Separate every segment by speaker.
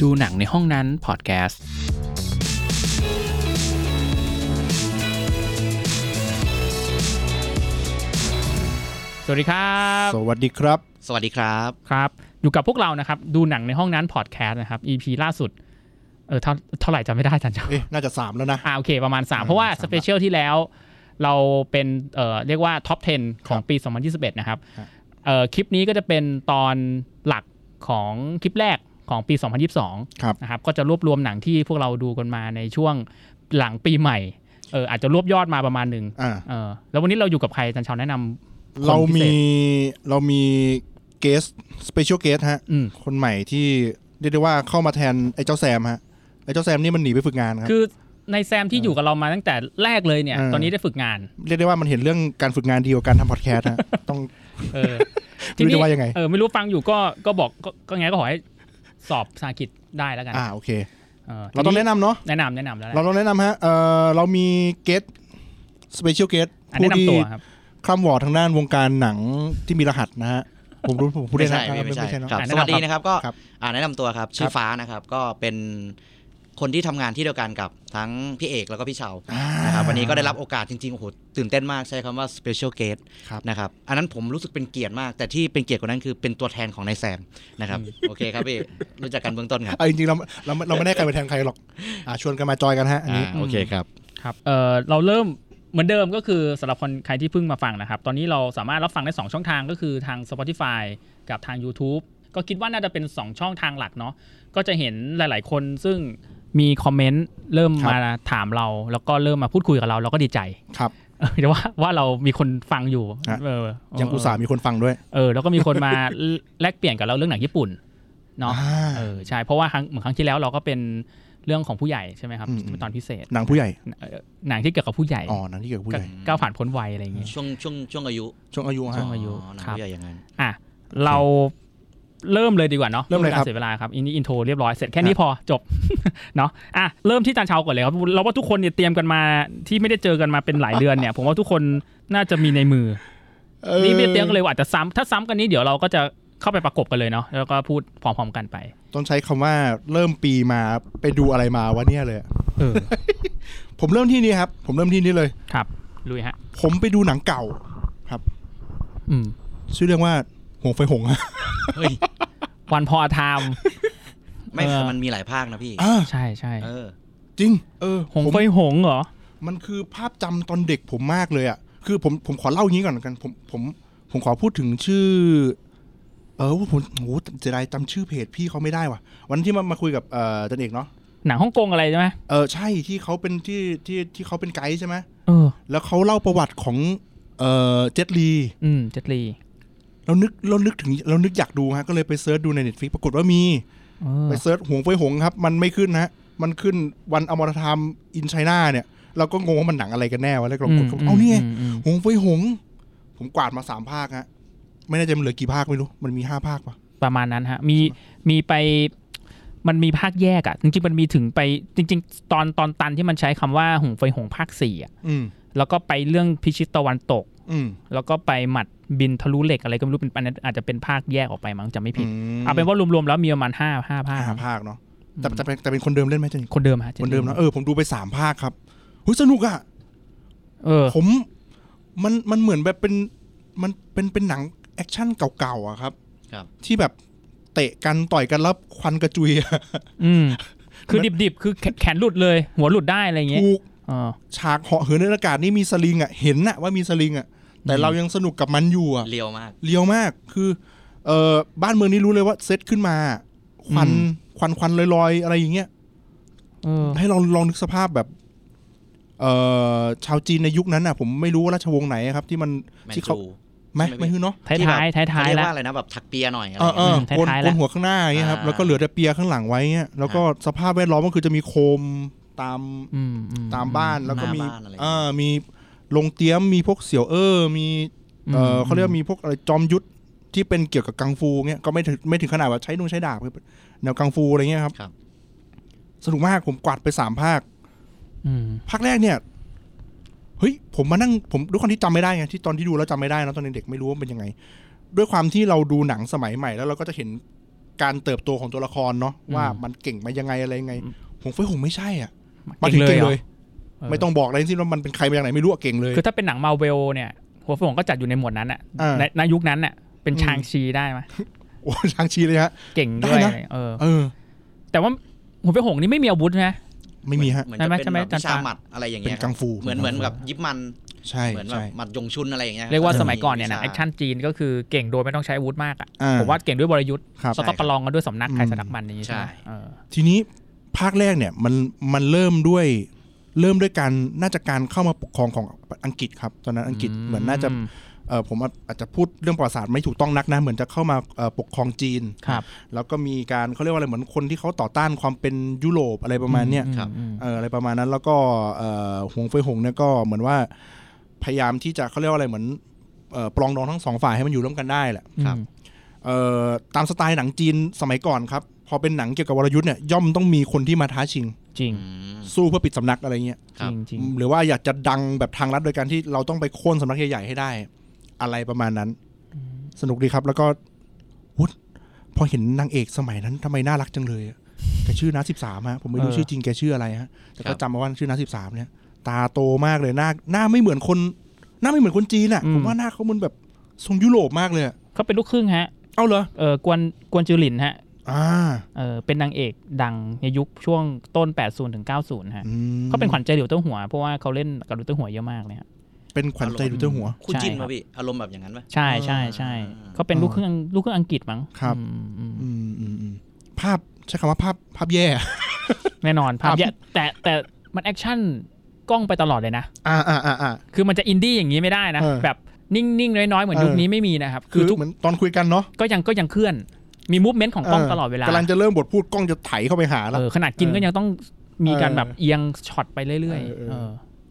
Speaker 1: ดูหนังในห้องนั้นพอดแคสต์
Speaker 2: สวัสดีครับ
Speaker 3: สวัสดีครับ
Speaker 4: สวัสดีครับ
Speaker 2: ครับอยู่กับพวกเรานะครับ ดูหนังในห้องนั้นพอดแคสต์นะครับ EP ล่าสุด เออเท่าเท่าไหร่จำไม่ได้ จันจ
Speaker 3: เอ๊ะ น่าจะสามแล้วนะ
Speaker 2: อ่าโอเค ประมาณ 3
Speaker 3: อ่า
Speaker 2: เพราะว่า
Speaker 3: ประมาณ
Speaker 2: ส
Speaker 3: สาม
Speaker 2: เปเชียลที่แล้วเราเป็นเอ่อเรียกว่าท็อป 10 ของปี 2021 นะครับ
Speaker 3: ฮะ
Speaker 2: เอ่อคลิปนี้ก็จะเป็นตอนหลักของคลิปแรกของปี 2022
Speaker 3: ครับ
Speaker 2: นะครับก็จะรวบรวมหนังที่พวกเราดูกันมาในช่วงหลังปีใหม่เอออาจจะรวบยอดมาประมาณหนึ่ง
Speaker 3: อ่า
Speaker 2: เออแล้ววันนี้เราอยู่กับใครอาจันชาวแนะนำ
Speaker 3: เรา
Speaker 2: คนพิ
Speaker 3: มี
Speaker 2: เศ
Speaker 3: เรามีเกสสเปเชียลเกสฮะ
Speaker 2: อืม
Speaker 3: คนใหม่ที่เรียกได้ว่าเข้ามาแทนไอ้เจ้าแซมฮะ ไอ้เจ้าแซมนี่มันหนีไปฝึกงานครับ
Speaker 2: คือในแซมที่อยู่กับเรามาตั้งแต่แรกเลยเนี่ย
Speaker 3: เออ
Speaker 2: ตอนนี้ได้ฝึกงาน
Speaker 3: เรียกได้ว่ามันเห็นเรื่องการฝึกงานดีกว่าการทำพอดแคสต์ฮะ ต้อง
Speaker 2: เออ
Speaker 3: ไม่รู้จะว่ายังไง
Speaker 2: เออไม่รู้ฟังอยู่ก็ก็บอกก็ก็ไงก็ขอให้สอบภาษาอังกฤษได้แล้วกัน
Speaker 3: อ่า โอเค
Speaker 2: เออ
Speaker 3: เราต้อง
Speaker 2: ที
Speaker 3: แนะ
Speaker 2: นี้
Speaker 3: นำเนาะ
Speaker 2: แนะนำแนะนำแล้วแห
Speaker 3: เรา
Speaker 2: ละ
Speaker 3: ต้องแนะนำฮะ เออเรามีเกสสเปเชียลเกส
Speaker 2: อ่ะ
Speaker 3: ผู้
Speaker 2: แนะ
Speaker 3: ที่
Speaker 2: นำตัวครับ
Speaker 3: คล่ำวอร์ดทางด้านวงการหนังที่มีรหัสนะฮะ ผมรู้ผมพูด
Speaker 4: ไม่
Speaker 3: ได้
Speaker 4: ใช่
Speaker 3: นะ
Speaker 4: ไม่ใช่
Speaker 3: เนอะ
Speaker 4: ครับ
Speaker 2: อ่ะ
Speaker 4: ส
Speaker 2: แนะนำ
Speaker 4: วัสดีนะครับก็
Speaker 3: ครับ
Speaker 4: อ่าแนะนำตัวครับชื่
Speaker 3: ค
Speaker 4: อ
Speaker 3: รับ
Speaker 4: ฟ้านะครับก็เป็นคนที่ทำงานที่เดียวกันกับทั้งพี่เอกแล้วก็พี่เฉา
Speaker 3: อ่า
Speaker 4: นะครับวันนี้ก็ได้รับโอกาสจริงๆโอ้โหตื่นเต้นมากใช้คำว่า special guest
Speaker 3: ครับ
Speaker 4: นะครับอันนั้นผมรู้สึกเป็นเกียรติมาก แต่ที่เป็นเกียรติกว่านั้นคือเป็นตัวแทนของนายแซมนะครับโอเคครับพี่เอกรู้จักกันเบื้องต้นครับ
Speaker 3: เอาจริงๆเราเราเราไม่ได้ใครไปแทนใครหรอกอ่ะชวนกันมาจอยกันฮะอันนี้
Speaker 4: อ่าโอเคครับ
Speaker 2: ครับเออเราเริ่มเหมือนเดิมก็คือสำหรับคนใครที่เพิ่งมาฟังนะครับ ตอนนี้เราสามารถรับฟังได้ 2 ช่องทางก็คือทาง Spotify กับทาง YouTube ก็คิดว่าน่าจะเป็น 2 ช่องทางหลักเนาะก็จะเห็นหลาย ๆ คนซึ่งมีคอมเมนต์เริ่ม
Speaker 3: ครับ
Speaker 2: มาถามเรา แล้วก็เริ่มมาพูดคุยกับเรา เราก็ดีใจ
Speaker 3: ครับ
Speaker 2: เออแต่ว่าว่าเรามีคนฟังอยู่
Speaker 3: ฮะ
Speaker 2: เออ
Speaker 3: ยังอุตส่าห์มีคนฟังด้วย
Speaker 2: เออแล้วก็มีคนมา แลกเปลี่ยนกับเราเรื่องหนังญี่ปุ่นเนาะ
Speaker 3: อ่า
Speaker 2: เออใช่เพราะว่าครั้งเหมือนครั้งที่แล้วเราก็เป็นเรื่องของผู้ใหญ่ใช่ไหมครับ
Speaker 3: อืม
Speaker 2: เป็นตอนพิเศษ
Speaker 3: หนังผู้ใหญ่
Speaker 2: เอ่อหนังที่เกี่ยวกับผู้ใหญ่
Speaker 3: อ๋อหนังที่เกี่ยวกับผู้ใหญ่
Speaker 2: ก้าวผ่านพ้นวัยอะไรอย่างเงี้ย
Speaker 4: ช่วงช่วงช่วงอายุ
Speaker 3: ช่วงอายุ
Speaker 2: ช่
Speaker 3: ฮะ
Speaker 2: วงอายุ
Speaker 4: หนัง
Speaker 2: ครับ
Speaker 4: ผู้ใหญ่อย่างนั้น
Speaker 2: อ่ะ เราเริ่มเลยดีกว่าเนาะ
Speaker 3: เริ่มเลยครับ
Speaker 2: ไกาเสียเวลาครับอินนี้อินโทรเรียบร้อยเสร็จแค่นี้พอจบ เนาะอ่ะเริ่มที่จานเชาก่อนเลยครับเราว่าทุกคนเนี่ยเตรียมกันมาที่ไม่ได้เจอกันมาเป็นหลายเดือนเนี่ย ผมว่าทุกคนน่าจะมีในมือ
Speaker 3: ออ
Speaker 2: นี่ไม่ได้เตรียมกันเลยว่าอาจจะซ้ำถ้าซ้ำกันนี้เดี๋ยวเราก็จะเข้าไปประกบกันเลยเนาะแล้วก็พูดพร้อมๆกันไป
Speaker 3: ต้องใช้คำว่าเริ่มปีมาไปดูอะไรมาวะเนี่ยเลย
Speaker 2: เออ
Speaker 3: ผมเริ่มที่นี่ครับ ผมเริ่มที่นี่เลย
Speaker 2: ครับลุยฮะ
Speaker 3: ผมไปดูหนังเก่า
Speaker 2: อืม
Speaker 3: ชื่อเรื่องว่าหงไฟหงฮะ
Speaker 4: เฮ้ย
Speaker 2: วันพอทาม
Speaker 4: ไม่
Speaker 2: เออ
Speaker 4: มันมีหลายภาคนะพี่
Speaker 3: อ่า
Speaker 2: ใช่ใช่
Speaker 4: เออ
Speaker 3: จริง เออ
Speaker 2: หง
Speaker 3: ผม
Speaker 2: ไฟหงเหรอ
Speaker 3: มันคือภาพจำตอนเด็กผมมากเลยอ่ะ คือผมผมขอเล่างี้ก่อนกัน ผมผมผมขอพูดถึงชื่อ เออผมโหเสียดายจำชื่อเพจพี่เขาไม่ได้ว่ะ วันที่มามาคุยกับเอ่อจันเอกเนาะ
Speaker 2: หนังฮ่องกงอะไรใช่ไหม
Speaker 3: เออใช่ที่เขาเป็นที่ที่ที่เขาเป็นไกด์ใช่ไหม
Speaker 2: เออ
Speaker 3: แล้วเขาเล่าประวัติของเอ่อเจ็ตลี
Speaker 2: อืมเจ็ดลี
Speaker 3: เรานึกเรานึกถึงเรานึกอยากดูฮะก็เลยไปเซิร์ชดูใน Netflix ปรากฏว่ามี
Speaker 2: เออ
Speaker 3: ไปเซิร์ชหวงเฟยหงครับ มันไม่ขึ้นนะฮะมันขึ้นวันอมรธรรมอินไชน่าเนี่ย เราก็งงว่ามันหนังอะไรกันแน่วะแล้วก็ลองกดเข้าไปเอานี่ไง
Speaker 2: มอืม
Speaker 3: หงเฟยหง ผมกวาดมาสามภาคฮะไม่แน่ใจมันเหลือกี่ภาคไม่รู้ มันมีห้าภาคปะ
Speaker 2: ประมาณนั้นฮะ มีมีไปมันมีภาคแยกอะ่ะ จริงๆมันมีถึงไปจริง ๆ ตอนตอนตันที่มันใช้คำว่าหงไฟหงภาคสี่อ่ะ
Speaker 3: อืม
Speaker 2: แล้วก็ไปเรื่องพิชิตตะวันตก
Speaker 3: อืม
Speaker 2: แล้วก็ไปหมัดบินทะลุเหล็กอะไรก็ไม่รู้เป็นอันนั้นอาจจะเป็นภาคแยกออกไปมั้งจำไม่ผิดเอาเป็นว่ารวมๆแล้วมีประมาณห้าห้าภาค
Speaker 3: ห้าภาคเนาะแต่แต่เป็นแต่เป็นคนเดิมเล่นไหมจัน
Speaker 2: คนเดิมฮะ
Speaker 3: คนเดิมเนอะเออผมดูไปสามภาคครับหุ้ยสนุกอะ
Speaker 2: เออ
Speaker 3: ผมมันมันเหมือนแบบเป็นมันเป็นเป็นหนังแอคชั่นเก่าๆอะครับ
Speaker 4: ครับ
Speaker 3: ที่แบบเตะกันต่อยกันแล้วควันกระจุยอะ
Speaker 2: อืม คือ
Speaker 3: มัน
Speaker 2: ดิบๆ คือแขแขนหลุดเลย หัวหลุดได้อะไรอย่างเงี้ย
Speaker 3: ถูก
Speaker 2: เออ
Speaker 3: ฉากเหาะเหินในอากาศนี่มีสลิงอะเห็นอะว่ามีสลิงอะแต่
Speaker 2: อืม
Speaker 3: เรายังสนุกกับมันอยู่อะ
Speaker 4: เลียวมาก
Speaker 3: เลียวมากคือเออบ้านเมืองนี้รู้เลยว่าเซตขึ้นมา ควันควันควันลอยๆ อะไรอย่างเงี้ย
Speaker 2: เออ
Speaker 3: ให้เราลองนึกสภาพแบบ เออชาวจีนในยุคนั้นอะผมไม่รู้ว่าราชวงศ์ไหนอะครับ ที่มัน
Speaker 4: แมน
Speaker 3: ที่เขา
Speaker 4: จู
Speaker 3: ไม่
Speaker 4: ไม่
Speaker 3: ไม่ฮือเนาะ
Speaker 2: ท้ายท้ายท้ายท้า
Speaker 4: เขา
Speaker 2: ย
Speaker 4: เรี
Speaker 2: ๆแล้ว
Speaker 4: ยกว่าอะไรนะแบบถักเปียหน่อยอะไร
Speaker 3: เออ
Speaker 4: เงี้ย
Speaker 3: เออ
Speaker 2: อืม
Speaker 3: โกน
Speaker 2: ท้ายๆ
Speaker 3: โก
Speaker 2: แล้ว
Speaker 3: นหัวข้างหน้าอย่างเงี้ยครับ
Speaker 4: อ่า
Speaker 3: แล้วก็เหลือแต่เปียข้างหลังไว้เงี้ยแล้วก็สภาพแวดล้อมก็คือจะมีโคมตาม
Speaker 2: อืมอื
Speaker 3: ตามบ้านแล้วก็มี
Speaker 4: หน้าบ้านอะไรอย่างเงี้ย
Speaker 3: เอ่ามีลงเตี้ยมมีพวกเสี่ยวเอ้อมีเอออ
Speaker 2: ม
Speaker 3: เขาเรียกว่ามีพวกอะไรจอมยุทธที่เป็นเกี่ยวกับกังฟูเงี้ยก็ไม่ถึงไม่ถึงขนาดว่าใช้นุ่งใช้ดาบคือแนวกังฟูอะไรเงี้ยครับ
Speaker 4: ครับ
Speaker 3: สนุกมากผมกวาดไปสามภาค
Speaker 2: อืม
Speaker 3: ภาคแรกเนี่ยเฮ้ยผมมานั่งผมด้วยความที่จำไม่ได้ไงที่ตอนที่ดูแล้วจำไม่ได้นะตอนเด็กๆไม่รู้ว่าเป็นยังไง ด้วยความที่เราดูหนังสมัยใหม่แล้วเราก็จะเห็น การเติบโตของตัวละครเนาะว่ามันเก่งมายังไงอะไรยังไงหงเฟ้ยหงไม่ใช่อ่ะมาถึงเก่งเลย
Speaker 2: หรอ
Speaker 3: ไม่ต้องบอกอะไรทั้งสิ้นว่ามันเป็นใครมาจากไหนไม่รู้อะเก่งเลย
Speaker 2: คือถ้าเป็นหนังมาเวลเนี่ยหัวฝงก็จัดอยู่ในหมวดนั้นอะ
Speaker 3: อ่า
Speaker 2: ในในยุคนั้นอะเป็นชางชีได้ไหม
Speaker 3: โอ้ ช้างชีเลยฮะ
Speaker 2: เก่งด้วย
Speaker 3: ได้นะ
Speaker 2: เออ
Speaker 3: เออ
Speaker 2: แต่ว่าหัวฝงนี่ไม่มีอาวุธนะ
Speaker 3: ไม่มีฮะ
Speaker 4: เหมือนจะเป็น
Speaker 2: ใช่ไหม
Speaker 4: แบบ
Speaker 2: ใช่ไหม
Speaker 4: วิชา
Speaker 2: จานตา
Speaker 4: หมัดอะไรอย่าง
Speaker 3: เป็
Speaker 4: เงี้
Speaker 3: น
Speaker 4: ย
Speaker 3: กังฟู
Speaker 4: เหมือนเหมือนแบบยิปมัน
Speaker 3: ใช่
Speaker 4: เหมือนแบบ
Speaker 3: ใช่
Speaker 4: หมัดยงชุนอะไรอย่างเงี้ย
Speaker 2: เรียกว่าสมัยก่อน
Speaker 4: วิ
Speaker 2: เนี่ยห
Speaker 4: ชา
Speaker 2: นังแอคชั่นจีนก็คือเก่งโดยไม่ต้องใช้อาวุธมากอะ
Speaker 3: อ่
Speaker 2: ผมว่าเก่งด้วยวรยุทธ์
Speaker 3: ครับ
Speaker 2: แล้วก็ประลองกันด้วยสำนัก
Speaker 3: อืม
Speaker 2: ใครสำนักมันอย่างนี้ใช่ไหม
Speaker 4: ใช่
Speaker 2: เออ
Speaker 3: ทีนี้ภาคแรกเนี่ยมันมันเริ่มด้วยเริ่มด้วยการน่าจะการเข้ามาปกครองของอังกฤษครับ ตอนนั้นอังกฤษเหมือนน่าจะเออผมอาอาจจะพูดเรื่องประวัติศาสตร์ไม่ถูกต้องนักนะเหมือนจะเข้ามาเอ่อปกครองจีน
Speaker 2: ครับ
Speaker 3: แล้วก็มีการเขาเรียกว่าอะไรเหมือนคนที่เขาต่อต้านความเป็นยุโรปอะไรประมาณเนี้ย
Speaker 4: ครับ
Speaker 2: อืม
Speaker 3: เอออะไรประมาณนั้นแล้วก็เอ่อหงเฟยหงเนี่ยก็เหมือนว่าพยายามที่จะเขาเรียกว่าอะไรเหมือนเอ่อปลองดองทั้งสองฝ่ายให้มันอยู่ร่วมกันได้แหละ
Speaker 4: ครับ
Speaker 3: เอ่อตามสไตล์หนังจีนสมัยก่อนครับ พอเป็นหนังเกี่ยวกับวรยุทธ์เนี่ยย่อมต้องมีคนที่มาท้าชิง
Speaker 2: จริง
Speaker 4: อืม
Speaker 3: สู้เพื่อปิดสำนักอะไรเงี้ย
Speaker 4: ครับ
Speaker 2: จริง
Speaker 3: หรือว่าอยากจะดังแบบทางรัฐโดยการที่เราต้องไปโค่นสำนักใหญ่ๆให้ได้ อะไรประมาณนั้น สนุกดีครับแล้วก็วุฒพอเห็นนางเอกสมัยนั้นทำไมน่ารักจังเลยอะแกชื่อน้าสิบสามฮะผมไม่รู้ชื่อจริงแกชื่ออะไรฮะ แต่
Speaker 4: ครั
Speaker 3: ก็
Speaker 4: บ
Speaker 3: จำมาว่าชื่อน้าสิบสามเนี่ย ตาโตมากเลยหน้าหน้าไม่เหมือนคนหน้าไม่เหมือนคนจีนอ่ะผมว่าหน้าเขามันแบบทรงยุโรปมากเลยอะ
Speaker 2: เขาเป็นลูกครึ่งฮะ
Speaker 3: เอาเหรอ
Speaker 2: เออกวนกวนจูหลินฮะ
Speaker 3: อ่า
Speaker 2: เออเป็นนางเอกดังในยุคช่วงต้น 80ถึง90ฮะ
Speaker 3: อืม
Speaker 2: เขาเป็นขวัญใจหลิวเต้าหัวเพราะว่าเขาเล่นกับหลิวเต้าหัวเยอะมากเลยฮะ
Speaker 3: เป็นขวัญใจดูเจ้าหัว
Speaker 4: คู่
Speaker 2: ใช่
Speaker 4: จิ้น
Speaker 2: ครั
Speaker 4: มา
Speaker 2: บ
Speaker 4: พี่อารมณ์แบบอย่างนั้นปะ
Speaker 2: ใช่ใช่ใช่
Speaker 4: อ่า
Speaker 2: เขาเป็นลูกครึ่งลูกครึ่งอังกฤษมั้ง
Speaker 3: ครับ
Speaker 2: อืมอืม
Speaker 3: อืมอืมอืมภาพใช้คำว่าภาพภาพแย่
Speaker 2: แน่นอนภาพ
Speaker 3: ครับ
Speaker 2: แย่แต่แต่มันแอคชั่นกล้องไปตลอดเลยนะ
Speaker 3: อ่าอ่าอ่าอ่า
Speaker 2: คือมันจะอินดี้อย่างนี้ไม่ได้นะ
Speaker 3: เออ
Speaker 2: แบบนิ่ง ๆ น้อย ๆ เหมือน
Speaker 3: เออ
Speaker 2: ยุคนี้ไม่มีนะครับ
Speaker 3: คื
Speaker 2: คือ อทุก
Speaker 3: เหมือนตอนคุยกันเนาะ
Speaker 2: ก็ยังก็ยังเคลื่อน มีมูฟเมนต์ของกล้องตลอดเวลาก
Speaker 3: ำลังจะเริ่มบทพูดกล้องจะไถเข้าไปหาละ
Speaker 2: เออขนาดกิน
Speaker 3: เออ
Speaker 2: ก็ยังต้องมีการ
Speaker 3: เออ
Speaker 2: แบบเอียงช็อตไปเรื่อย
Speaker 3: เออเออ
Speaker 2: ๆเออ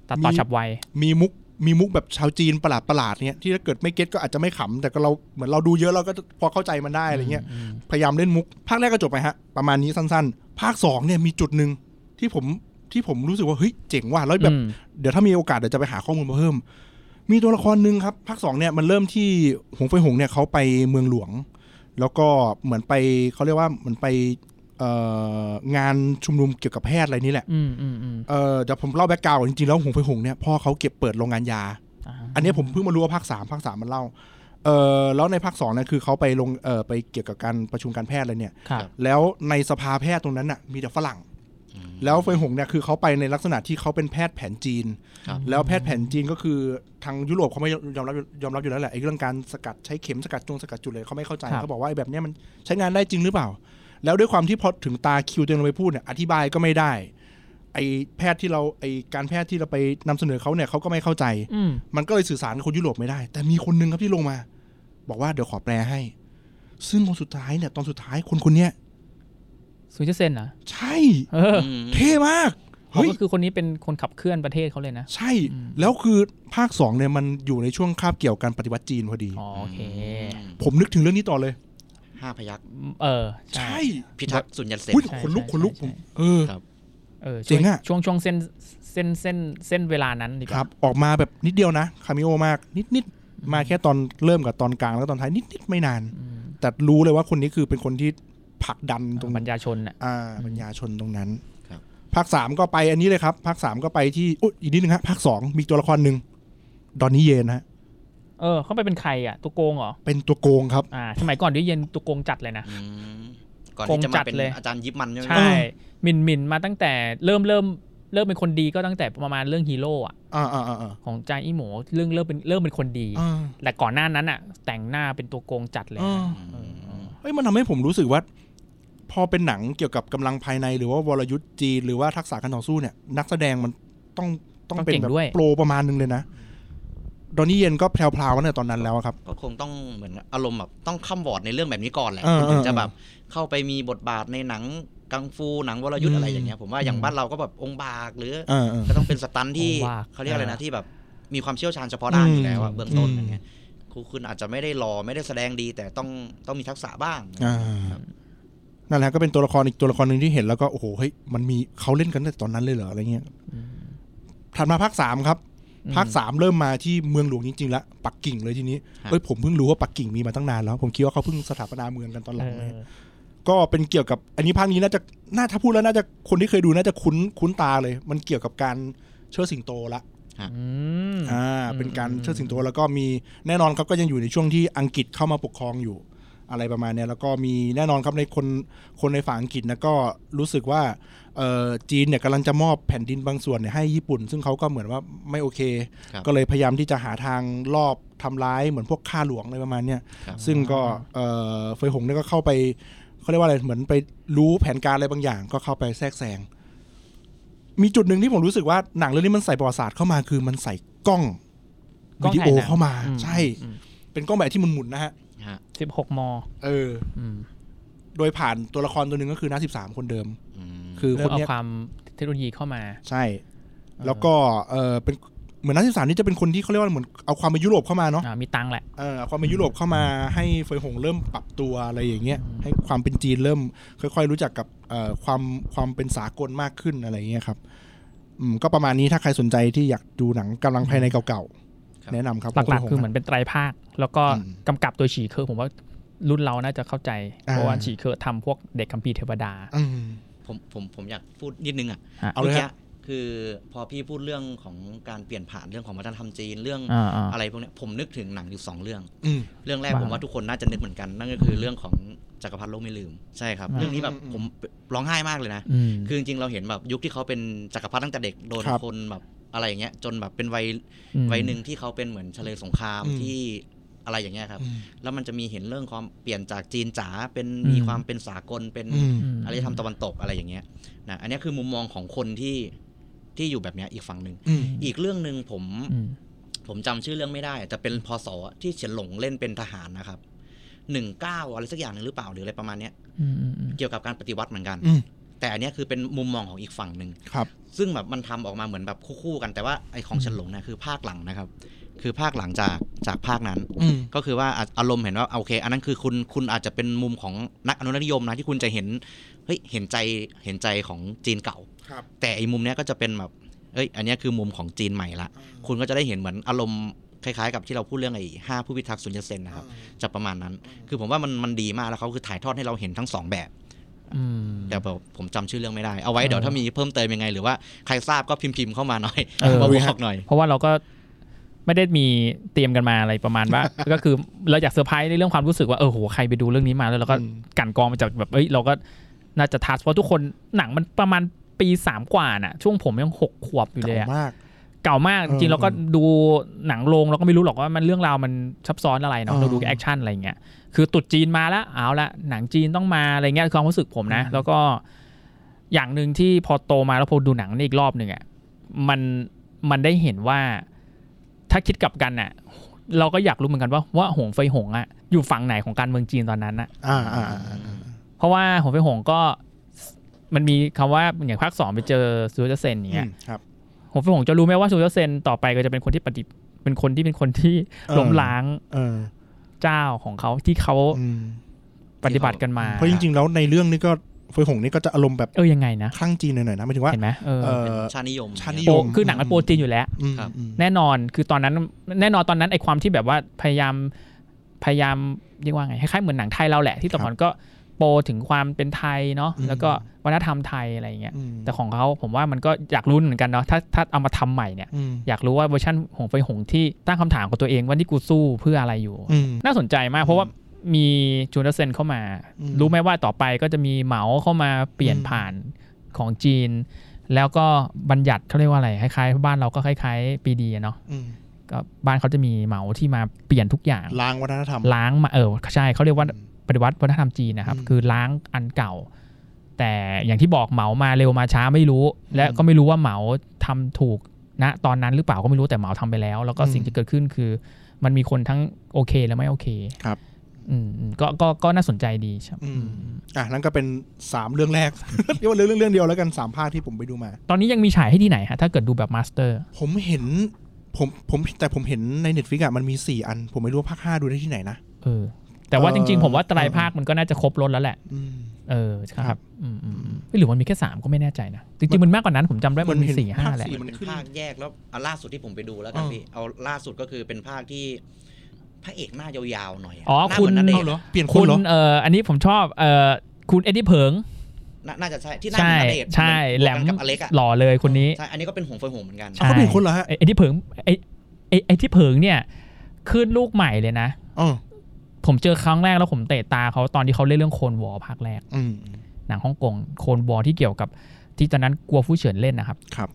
Speaker 2: ตัดต่อ
Speaker 3: มี
Speaker 2: ฉับไว
Speaker 3: มีมุกมีมุกแบบชาวจีนประหลาดประหลาดๆเนี่ยที่ถ้าเกิดไม่เก็ตก็อาจจะไม่ขำแต่ก็เราเหมือนเราดูเยอะเราก็พอเข้าใจมันได้อะไรเงี้ย พยายามเล่นมุก ภาคแรกก็จบไปฮะ ประมาณนี้สั้นๆ ภาคสองเนี่ยมีจุดหนึ่งที่ผมที่ผมรู้สึกว่า เฮ้ย เจ๋งว่ะแล้วแบบ
Speaker 2: อืม
Speaker 3: เดี๋ยวถ้ามีโอกาสเดี๋ยวจะไปหาข้อมูลมาเพิ่ม มีตัวละครหนึ่งครับ ภาคสองเนี่ยมันเริ่มที่หงเฟยหงเนี่ยเขาไปเมืองหลวง แล้วก็เหมือนไปเขาเรียกว่าเหมือนไปเอ่องานชุมนุมเกี่ยวกับแพทย์อะไรนี่แหละ
Speaker 2: อืมอืมอืม
Speaker 3: เออเดี๋ยวผมเล่าแบ็กกราวด์ก่อนจริงๆแล้วหงเฟยหงเนี่ยพ่อเขาเก็บเปิดโรงงานยา
Speaker 2: อ่า
Speaker 3: อันนี้ผมเพิ่งมารู้ว่าภาคสามภาคสามมันเล่า เออแล้วในภาคสองเนี่ยคือเขาไปลงเออไปเกี่ยวกับการประชุมการแพทย์อะไรเนี่ย
Speaker 2: ครับ
Speaker 3: แล้วในสภาแพทย์ตรงนั้นน่ะมีแต่ฝรั่ง
Speaker 4: อืม
Speaker 3: แล้วเฟยหงเนี่ยคือเขาไปในลักษณะที่เขาเป็นแพทย์แผนจีน
Speaker 4: ครับ
Speaker 3: แล้วแพทย์แผนจีนก็คือทางยุโรปเขาไม่ยอมรับยอมรับอยู่แล้วแหละไอ้เรื่องการสกัดใช้เข็มสกัดจงสกัดจุดเลยเขาไม่เข้าใจ
Speaker 2: ครับ
Speaker 3: เขาบอกว่าไอ้แบบเนี้ยมันใช้งานได้จริงหรือเปล่า แล้วด้วยความที่พอถึงตาคิวตัวเองเราไปพูดเนี่ยอธิบายก็ไม่ได้ ไอ้แพทย์ที่เราไอ้การแพทย์ที่เราไปนำเสนอเขาเนี่ยเขาก็ไม่เข้าใจ
Speaker 2: อืม
Speaker 3: มันก็เลยสื่อสารกับคนยุโรปไม่ได้ แต่มีคนหนึงครับที่ลงมา บอกว่าเดี๋ยวขอแปลให้ ซึ่งคนสุดท้ายเนี่ยตอนสุดท้ายคนคนเนี้ย
Speaker 2: ซูเจเซนเหรอ
Speaker 3: ใช่
Speaker 2: เออ
Speaker 4: อืม
Speaker 3: เท่มาก
Speaker 2: เพราะ
Speaker 3: เฮ้ย
Speaker 2: ก็คือคนนี้เป็นคนขับเคลื่อนประเทศเขาเลยนะ
Speaker 3: ใช่
Speaker 2: อืม
Speaker 3: แล้วคือภาคสองเนี่ยมันอยู่ในช่วงคาบเกี่ยวกันปฏิวัติจีนพอดี
Speaker 2: อ๋อโอเค
Speaker 3: ผมนึกถึงเรื่องนี้ต่อเลย
Speaker 4: ห้าพยัก
Speaker 2: เออ
Speaker 3: ใช่
Speaker 4: พิทักษ์สุญญเสน
Speaker 3: อุ้ยขนลุกขนลุกผมเออ
Speaker 2: เออ
Speaker 3: จริงอะ
Speaker 2: ช่วงช่วงเส้นเส้นเส้นเส้นเวลานั้นดีก
Speaker 3: ค
Speaker 2: ว่า
Speaker 3: รับ ออกมาแบบนิดเดียวนะ คามิโอมาก นิดนิดๆมาแค่ตอนเริ่มกับตอนกลางแล้วก็ตอนท้ายนิดนิดๆไม่นาน
Speaker 2: อืม
Speaker 3: แต่รู้เลยว่าคนนี้คือเป็นคนที่ผลักดันตรง
Speaker 2: ปัญญาชนอ่ะ
Speaker 3: อ่าปัญญาชนตรงนั้น
Speaker 4: ครับ
Speaker 3: ภาคสามก็ไปอันนี้เลยครับ ภาคสามก็ไปที่อุ๊ยอีกนิดนึงฮะภาคสองมีตัวละครหนึ่งดอนนี่เยนฮะ
Speaker 2: เออเขาไปเป็นใครอ่ะตัวโกงเหรอ
Speaker 3: เป็นตัวโกงครับ
Speaker 2: อ่าสมัยก่อนดิเย็นตัวโกงจัดเลยนะ
Speaker 4: อืมก่อนที่
Speaker 2: คง
Speaker 4: จะ
Speaker 2: จั
Speaker 4: มา
Speaker 2: ด
Speaker 4: เป็น
Speaker 2: เลย
Speaker 4: อาจารย์ยิปมันใช่ไหม
Speaker 2: ใช่หมินหมินมาตั้งแต่เริ่มเริ่มเริ่มเป็นคนดีก็ตั้งแต่ประมาณเรื่องฮีโร่อะ
Speaker 3: อ่าอ่าอ่าอ่า
Speaker 2: ของจางอีหมูเรื่องเริ่มเป็นเริ่มเป็นคนดี
Speaker 3: อ่า
Speaker 2: แต่ก่อนหน้านั้นอะแต่งหน้าเป็นตัวโกงจัดเลย
Speaker 3: อ่า
Speaker 4: อืม
Speaker 3: เฮ้ยมันทำให้ผมรู้สึกว่า พอเป็นหนังเกี่ยวกับกำลังภายในหรือว่าวรยุทธ์จีนหรือว่าทักษะการต่อสู้เนี่ย นักแสดงมันต้องต้องเป็นแบบโปรประมาณนึงเลยนะดอนนี่เย็นก็แพรวๆมาเนี่ยตอนนั้นแล้วอะครับ
Speaker 4: ก็คงต้องเหมือนอารมณ์แบบต้องข้ามวอร์ดในเรื่องแบบนี้ก่อนแหละ
Speaker 3: อ่า
Speaker 4: คุณถึงจะ
Speaker 3: อ่า
Speaker 4: แบบเข้าไปมีบทบาทในหนังกังฟูหนังวรยุทธ์อะไร
Speaker 3: อืม
Speaker 4: อย่างเงี้ยผมว่าอย่างบ้านเราก็แบบองค์บากหรือ
Speaker 3: เออเออ
Speaker 4: ก็ต้องเป็นสตันที่
Speaker 2: องค์บาก
Speaker 4: เขาเรียกอะไรนะ
Speaker 2: อ่า
Speaker 4: ที่แบบมีความเชี่ยวชาญเฉพาะด้านอยู่แล้วอะ
Speaker 3: อืม
Speaker 4: เบื้องต้น
Speaker 3: อืม
Speaker 4: อย่างเงี้ยครูคุณอาจจะไม่ได้รอไม่ได้แสดงดี แต่ต้องต้องมีทักษะบ้าง
Speaker 3: อ่า
Speaker 4: ครับ
Speaker 3: นั่นแหละก็เป็นตัวละครอีกตัวละครหนึ่งที่เห็นแล้วก็โอ้โหเฮ้ยมันมีเขาเล่นกันตั้งแต่ตอนนั้นเลยเหรออะไรเงี้ย
Speaker 2: อืม
Speaker 3: ถัดมาภาคสามครับ
Speaker 2: อืม
Speaker 3: ภาคสามเริ่มมาที่เมืองหลวงจริงๆแล้วปักกิ่งเลยทีนี้เอ้ยผมเพิ่งรู้ว่าปักกิ่งมีมาตั้งนานแล้ว ผมคิดว่าเขาเพิ่งสถาปนาเมืองกันตอนห
Speaker 2: เอ
Speaker 3: ลังเลย
Speaker 2: อ
Speaker 3: ก็เป็นเกี่ยวกับอันนี้ภาคนี้น่าจะน่าถ้าพูดแล้วน่าจะคนที่เคยดูน่าจะคุ้นคุ้นตาเลย มันเกี่ยวกับการเชิดสิงโตละ
Speaker 2: อืม
Speaker 3: อ่าเป็นการเชิดสิงโตแล้วก็มีแน่นอนครับก็ยังอยู่ในช่วงที่อังกฤษเข้ามาปกครองอยู่ อะไรประมาณเนี้ยแล้วก็มีแน่นอนครับในคนคนในฝั่งอังกฤษนะก็รู้สึกว่าเอ่อจีนเนี่ยกำลังจะมอบแผ่นดินบางส่วนเนี่ยให้ญี่ปุ่น ซึ่งเขาก็เหมือนว่าไม่โอเค
Speaker 4: ครับ
Speaker 3: ก็เลยพยายามที่จะหาทางรอบทำร้ายเหมือนพวกข้าหลวงอะไรประมาณเนี้ย
Speaker 4: ครับ
Speaker 3: ซึ่งก็เอ่อเฟยหงเนี่ยก็เข้าไปเขาเรียกว่าอะไรเหมือนไปรู้แผนการอะไรบางอย่าง ก็เข้าไปแทรกแซงมีจุดหนึ่งที่ผมรู้สึกว่าหนังเรื่องนี้มันใส่ประวัติศาสตร์เข้ามาคือมันใส่กล้อง
Speaker 2: กล้
Speaker 3: วิ
Speaker 2: อง
Speaker 3: ดี
Speaker 2: ถ่ายหนัง
Speaker 3: โอเข้ามา
Speaker 5: อืม
Speaker 3: ใช่
Speaker 5: อืม
Speaker 3: เป็นกล้องแบบที่หมุนๆนะฮะ
Speaker 4: ฮะ
Speaker 2: สิบหกม
Speaker 3: เออ
Speaker 5: อืม
Speaker 3: โดยผ่านตัวละครตัวหนึ่งก็คือน้าสิบสามคนเดิม
Speaker 4: อืม
Speaker 3: คือ
Speaker 5: เริ่ม
Speaker 3: คน
Speaker 5: เอา
Speaker 3: เนี้ย
Speaker 5: ความเทคโนโลยีเข้ามา
Speaker 3: ใช่ แล้วก็เออเป็นเหมือนน้าสิบสามนี่จะเป็นคนที่เขาเรียกว่าเหมือนเอาความเป็นยุโรปเข้ามาเนาะ
Speaker 5: อ่ามีตังค์แหละ
Speaker 3: เออความเป็นยุโรปเข้ามาให้เฟยหงเริ่มปรับตัวอะไรอย่างเงี้ยให้ความเป็นจีนเริ่มค่อย ๆ รู้จักกับเอ่อความความเป็นสากลมากขึ้นอะไรอย่างเงี้ยครับอืมก็ประมาณนี้ถ้าใครสนใจที่อยากดูหนังกำลังภายในเก่าๆ แนะนำครับ
Speaker 2: หลัก
Speaker 3: ขง
Speaker 2: ๆ
Speaker 3: เฟยง
Speaker 2: คือเหมือนเป็นไตรภาค แล้วก็
Speaker 3: อืม
Speaker 2: กำกับโดยฉีเคอร์ผมว่ารุ่นเราน่าจะเข้าใจ
Speaker 3: อ่า
Speaker 2: เพราะว่าฉีเคอร์ทำพวกเด็กคัมภีร์เทวดา
Speaker 3: อืม
Speaker 4: ผมผมผมอยากพูดนิดนึงอ่ะ
Speaker 2: ฮะ
Speaker 3: เอาเลย
Speaker 4: มื่กี้
Speaker 3: ฮะ
Speaker 4: คือพอพี่พูดเรื่องของการเปลี่ยนผ่านเรื่องของวัฒนธรรมจีนเรื่อง
Speaker 2: อ่าอ่า
Speaker 4: อะไรพวกเนี้ยผมนึกถึงหนังอยู่สองเรื่อง
Speaker 3: อืม
Speaker 4: เรื่องแรก
Speaker 2: ว่า
Speaker 4: ผมว่าทุกคนน่าจะนึกเหมือนกัน นั่นก็คือเรื่องของจักรพรรดิโลกไม่ลืมใช่ครับ
Speaker 2: อ่า
Speaker 4: เรื่องนี้แบบ
Speaker 3: อืม
Speaker 4: ผมร้องไห้มากเลยนะ
Speaker 2: อืม
Speaker 4: คือจริงๆเราเห็นแบบยุคที่เขาเป็นจักรพรรดิตั้งแต่เด็กโดน
Speaker 3: ครับ
Speaker 4: คนแบบอะไรอย่างเงี้ยจนแบบเป็นวัยวัยหนึ่งที่เขาเป็นเหมือนเฉลยสงคราม
Speaker 3: อืม
Speaker 4: ที่อะไรอย่างเงี้ยครับ
Speaker 3: อืม
Speaker 4: แล้วมันจะมีเห็นเรื่องความเปลี่ยนจากจีนจ๋าเป็นมี
Speaker 2: อืม
Speaker 4: ความเป็นสากลเป็น
Speaker 3: อืม
Speaker 4: อารยธรรมตะวันตกอะไรอย่างเงี้ยนะอันเนี้ยคือมุมมองของคนที่ที่อยู่แบบเนี้ยอีกฝั่งหนึ่ง
Speaker 3: อืม
Speaker 4: อีกเรื่องหนึ่งผม
Speaker 2: อืม
Speaker 4: ผมจำชื่อเรื่องไม่ได้แต่เป็นพศที่เฉินหลงเล่นเป็นทหารนะครับหนึ่งเก้าอะไรสักอย่างหนึ่งหรือเปล่าหรืออะไรประมาณเนี้ย
Speaker 2: อืมอืมอืม
Speaker 4: เกี่ยวกับการปฏิวัติเหมือนกัน
Speaker 3: อืม
Speaker 4: แต่อันเนี้ยคือเป็นมุมมองของอีกฝั่งหนึ่ง
Speaker 3: ครับ
Speaker 4: ซึ่งแบบมันทำออกมาเหมือนแบบคู่ๆกันแต่ว่าไอของเฉันหลงเนี่ยคือภาคหลังนะครับ คือภาคหลังจากจากภาคนั้น
Speaker 3: อืม
Speaker 4: ก็คือว่าอ่ะอารมณ์เห็นว่าโอเค อันนั้นคือคุณคุณอาจจะเป็นมุมของนักอนุรักษ์นิยมนะที่คุณจะเห็นเฮ้ยเห็นใจเห็นใจของจีนเก่า
Speaker 3: ครับ
Speaker 4: แต่ไอมุมเนี้ยก็จะเป็นแบบเอ้ยอันเนี้ยคือมุมของจีนใหม่ละคุณก็จะได้เห็นเหมือนอารมณ์คล้ายๆ กับที่เราพูดเรื่องไอ้ห้าผู้พิทักษ์สุญญเซนนะครับจะประมาณนั้น คือผมว่ามันมันดีมากแล้วเขาคือถ่ายทอดให้เราเห็นทั้งสองแบบ
Speaker 2: อืม
Speaker 4: เดี๋ยวผมผมจำชื่อเรื่องไม่ได้ เอาไว้เดี๋ยว
Speaker 2: เออ
Speaker 4: ถ้ามีเพิ่มเติมยังไง หรือว่าใครทราบก็พิมพ์พิมพ์เข้ามาหน่อย
Speaker 2: เออ
Speaker 4: มาบ
Speaker 3: ครั
Speaker 4: อบ กหน่อย
Speaker 2: เพราะว่าเราก็ไม่ได้มีเตรียมกันมาอะไรประมาณ ว่า ก็คือเราอยากเซอร์ไพรส์ในเรื่องความรู้สึกว่าเออโหใครไปดูเรื่องนี้มาแล้วเราก็
Speaker 3: อืม
Speaker 2: กลั่นกรองมาจากแบบเอ้ยเราก็น่าจะทัชเพราะทุกคนหนังมันประมาณปีสามกว่าน่ะ ช่วงผมยังหกขวบอยู่เลย
Speaker 3: เก่า
Speaker 2: อะ
Speaker 3: มาก
Speaker 2: เก่ามากจริงๆ
Speaker 3: เออ
Speaker 2: เราก็ดูหนังโรงเราก็ไม่รู้หรอกว่ามันเรื่องราวมันซับซ้อนอะไรเนาะ
Speaker 3: เออ
Speaker 2: เราดูแอคชั่นอะไรอย่างเงี้ยคือตรุดจีนมาแล้วเอาละหนังจีนต้องมาอะไรเงี้ยคือความรู้สึกผมนะ
Speaker 3: อืม
Speaker 2: แล้วก็อย่างหนึ่งที่พอโตมาแล้วพอดูหนังนี่อีกรอบหนึ่งอ่ะมันมันได้เห็นว่าถ้าคิดกลับกันอ่ะ เราก็อยากรู้เหมือนกันว่าว่าหงไฟหงอ่ะอยู่ฝั่งไหนของการเมืองจีนตอนนั้นอ่ะ
Speaker 3: อ่าอ่าอ่า
Speaker 2: เพราะว่าหงไฟหงก็มันมีคำว่าอย่างภาคสองไปเจอซูเจอร์เซนอย่างเงี้ย
Speaker 3: อืมครับ
Speaker 2: ผมผมจะรู้ไหมว่าซูเจอร์เซนต่อไปก็จะเป็นคนที่ปฏิเป็นคนที่เป็นคนที่
Speaker 3: เออ
Speaker 2: ล้มล้าง
Speaker 3: เออ
Speaker 2: เจ้าของเขาที่เขา
Speaker 3: อืม
Speaker 2: ปฏิบัติกันมา
Speaker 3: เพราะจริงๆแล้วในเรื่องนี้ก็เฟยหงนี่ก็จะอารมณ์แบบ
Speaker 2: เออยังไงนะ
Speaker 3: คลั่งจีนหน่อยๆนะหมายถึงว่า
Speaker 2: เห็นไหมเออ
Speaker 3: เอ่อ
Speaker 4: ชาตินิยม
Speaker 3: ชาตินิย
Speaker 2: โป
Speaker 3: ม
Speaker 2: คือหนังมันโปรจีนอยู่แล้ว
Speaker 3: อืม
Speaker 4: ครับ
Speaker 3: อืม
Speaker 2: แน่นอนคือตอนนั้นแน่นอนตอนนั้นไอความที่แบบว่าพยายามพยายามเรียกว่าไงคล้ายๆเหมือนหนังไทยเราแหละ ที่ตะก่อนก็โปรถึงความเป็นไทยเนาะ
Speaker 3: อืม
Speaker 2: แล้วก็วัฒนธรรมไทยอะไรอย่างเงี้ย
Speaker 3: อืม
Speaker 2: แต่ของเขาผมว่ามันก็อยากรู้เหมือนกันเนาะถ้าถ้าเอามาทำใหม่เนี่ย
Speaker 3: อืม
Speaker 2: อยากรู้ว่าเวอร์ชันหงไฟหงที่ตั้งคำถามกับตัวเองว่านี่กูสู้เพื่ออะไรอยู่
Speaker 3: อืม
Speaker 2: น่าสนใจมากเพราะว่ามีจูนเดอร์เซนเข้ามา
Speaker 3: อืม
Speaker 2: รู้ไหมว่าต่อไปก็จะมีเหมาเข้ามาเปลี่ยน
Speaker 3: อืม
Speaker 2: ผ่านของจีน แล้วก็บัญญัติเขาเรียกว่าอะไรคล้ายๆบ้านเราก็คล้ายๆปีดีอะเนาะ
Speaker 3: อืม
Speaker 2: ก็บ้านเขาจะมีเหมาที่มาเปลี่ยนทุกอย่าง
Speaker 3: ล้างวัฒนธรรม
Speaker 2: ล้างมาเออใช่เขาเรียกว่าปฏิวัติวัฒนธรรมจีนนะครับ
Speaker 3: อืม
Speaker 2: คือล้างอันเก่า แต่อย่างที่บอกเหมามาเร็วมาช้าไม่รู้ และก็ไม่รู้ว่าเหมาทำถูกนะตอนนั้นหรือเปล่าก็ไม่รู้แต่เหมาทำไปแล้ว แล้วก็
Speaker 3: อืม
Speaker 2: สิ่งที่เกิดขึ้นคือ มันมีคนทั้งโอเคและไม่โอเค
Speaker 3: ครับ
Speaker 2: อืมอืมก็ก็ก็น่าสนใจดีใช่
Speaker 3: อืมอ่ะนั่นก็เป็นสามเรื่องแรก เรียกว่าเรื่องเรื่องเดียวแล้วกันสามภาคที่ผมไปดูมา
Speaker 2: ตอนนี้ยังมีฉายให้ที่ไหนฮะถ้าเกิดดูแบบมาสเตอร์
Speaker 3: ผมเห็นผมผมแต่ผมเห็นในเน็ตฟิกอะมันมีสี่อัน ผมไม่รู้ว่าภาคห้าดูได้ที่ไหนนะ
Speaker 2: เออ แต่ว่า
Speaker 3: เอ่
Speaker 2: จ
Speaker 3: อ
Speaker 2: ริง ๆ ผมว่าไตราย
Speaker 3: เออ
Speaker 2: ภาคมันก็น่าจะครบรถแล้วแหละ
Speaker 3: อืม
Speaker 2: เออใช่ค
Speaker 3: ครั
Speaker 2: รับบ อืมอืมอืมหรือมันมีแค่สามก็ไม่แน่ใจนะจริงๆมันมากกว่านั้นผมจำได้มันมี
Speaker 3: มันเห็น
Speaker 2: สี่ห้า
Speaker 3: ภาค
Speaker 2: แหละ
Speaker 3: สี่
Speaker 4: มันเป็นภาคแยกแล้วเอาล่าสุดที่ผมไปดูแล้วกันพี่เอาล่าสุดก็คือเป็นภาคที่พระเอกหน้ายาวๆหน่อยะ
Speaker 2: อ๋อ
Speaker 4: หน้าเหมืน
Speaker 2: คุณ
Speaker 4: ณเดช
Speaker 3: เอา
Speaker 4: น์
Speaker 3: เหรอ เปลี่ยนค
Speaker 2: คุณ
Speaker 3: นเหรอ
Speaker 2: เอ่ออันนี้ผมชอบเอ่อ คุณเอ็ดดี้เผิง
Speaker 4: น่าน่าจะใช่ที่หน้า
Speaker 2: ใช่
Speaker 4: เป็นณเดชน์
Speaker 2: ใช่แหลม
Speaker 4: กับอเล็กอะ
Speaker 2: หล่อเลยคนนี้
Speaker 4: ใช่อันนี้ก็เป็นหงส์ไฟหงส์เหมือนกัน
Speaker 2: ใช่
Speaker 6: เขาเป็นคนเหรอฮะ
Speaker 2: ไอ้ไอ้ที่เผิงไอ้ไอ้ไอ้ที่เผิงเนี่ยขึ้นลูกใหม่เลยนะ
Speaker 6: อ๋อ
Speaker 2: ผมเจอครั้งแรกแล้วผมเตะตาเขาตอนที่เขาเล่นเรื่องโคนวอลภาคแรก
Speaker 6: อืม
Speaker 2: หนังฮ่องกงโคนวอลที่เกี่ยวกับที่ตอนนั้นกลัวผู้เฉินเล่นนะครับ
Speaker 6: ครับ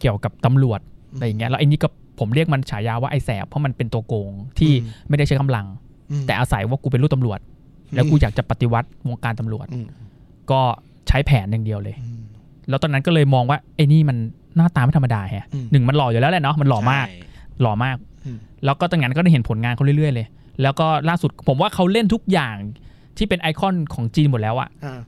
Speaker 2: เกี่ยวกับตำรวจ
Speaker 6: อืม
Speaker 2: อะไรอย่างเงี้ยแล้วไอ้นี่ก็ผมเรียกมันฉายาว่าไอ้แสบเพราะมันเป็นตัวโกงที่
Speaker 6: อืม
Speaker 2: ไม่ได้ใช้กำลัง
Speaker 6: อืม
Speaker 2: แต่อาศัยว่ากูเป็นลูกตำรวจ แล้วกูอยากจะปฏิวัติวงการตำรวจ
Speaker 6: อืม
Speaker 2: ก็ใช้แผนอย่างเดียวเลย
Speaker 6: อืม
Speaker 2: แล้วตอนนั้นก็เลยมองว่าไอ้นี่มันหน้าตาไม่ธรรมดาแฮะ
Speaker 6: อืม
Speaker 2: หนึ่งมันหล่ออยู่แล้วแหละเนาะมันหล่อมาก
Speaker 4: ใช่
Speaker 2: หล่อมาก
Speaker 6: อืม
Speaker 2: แล้วก็ตั้งนั้นก็ได้เห็นผลงานเขาเรื่อยๆเลย แล้วก็ล่าสุดผมว่าเขาเล่นทุกอย่างที่เป็นไอคอนของจีนหมดแล้วอะ
Speaker 6: อ่า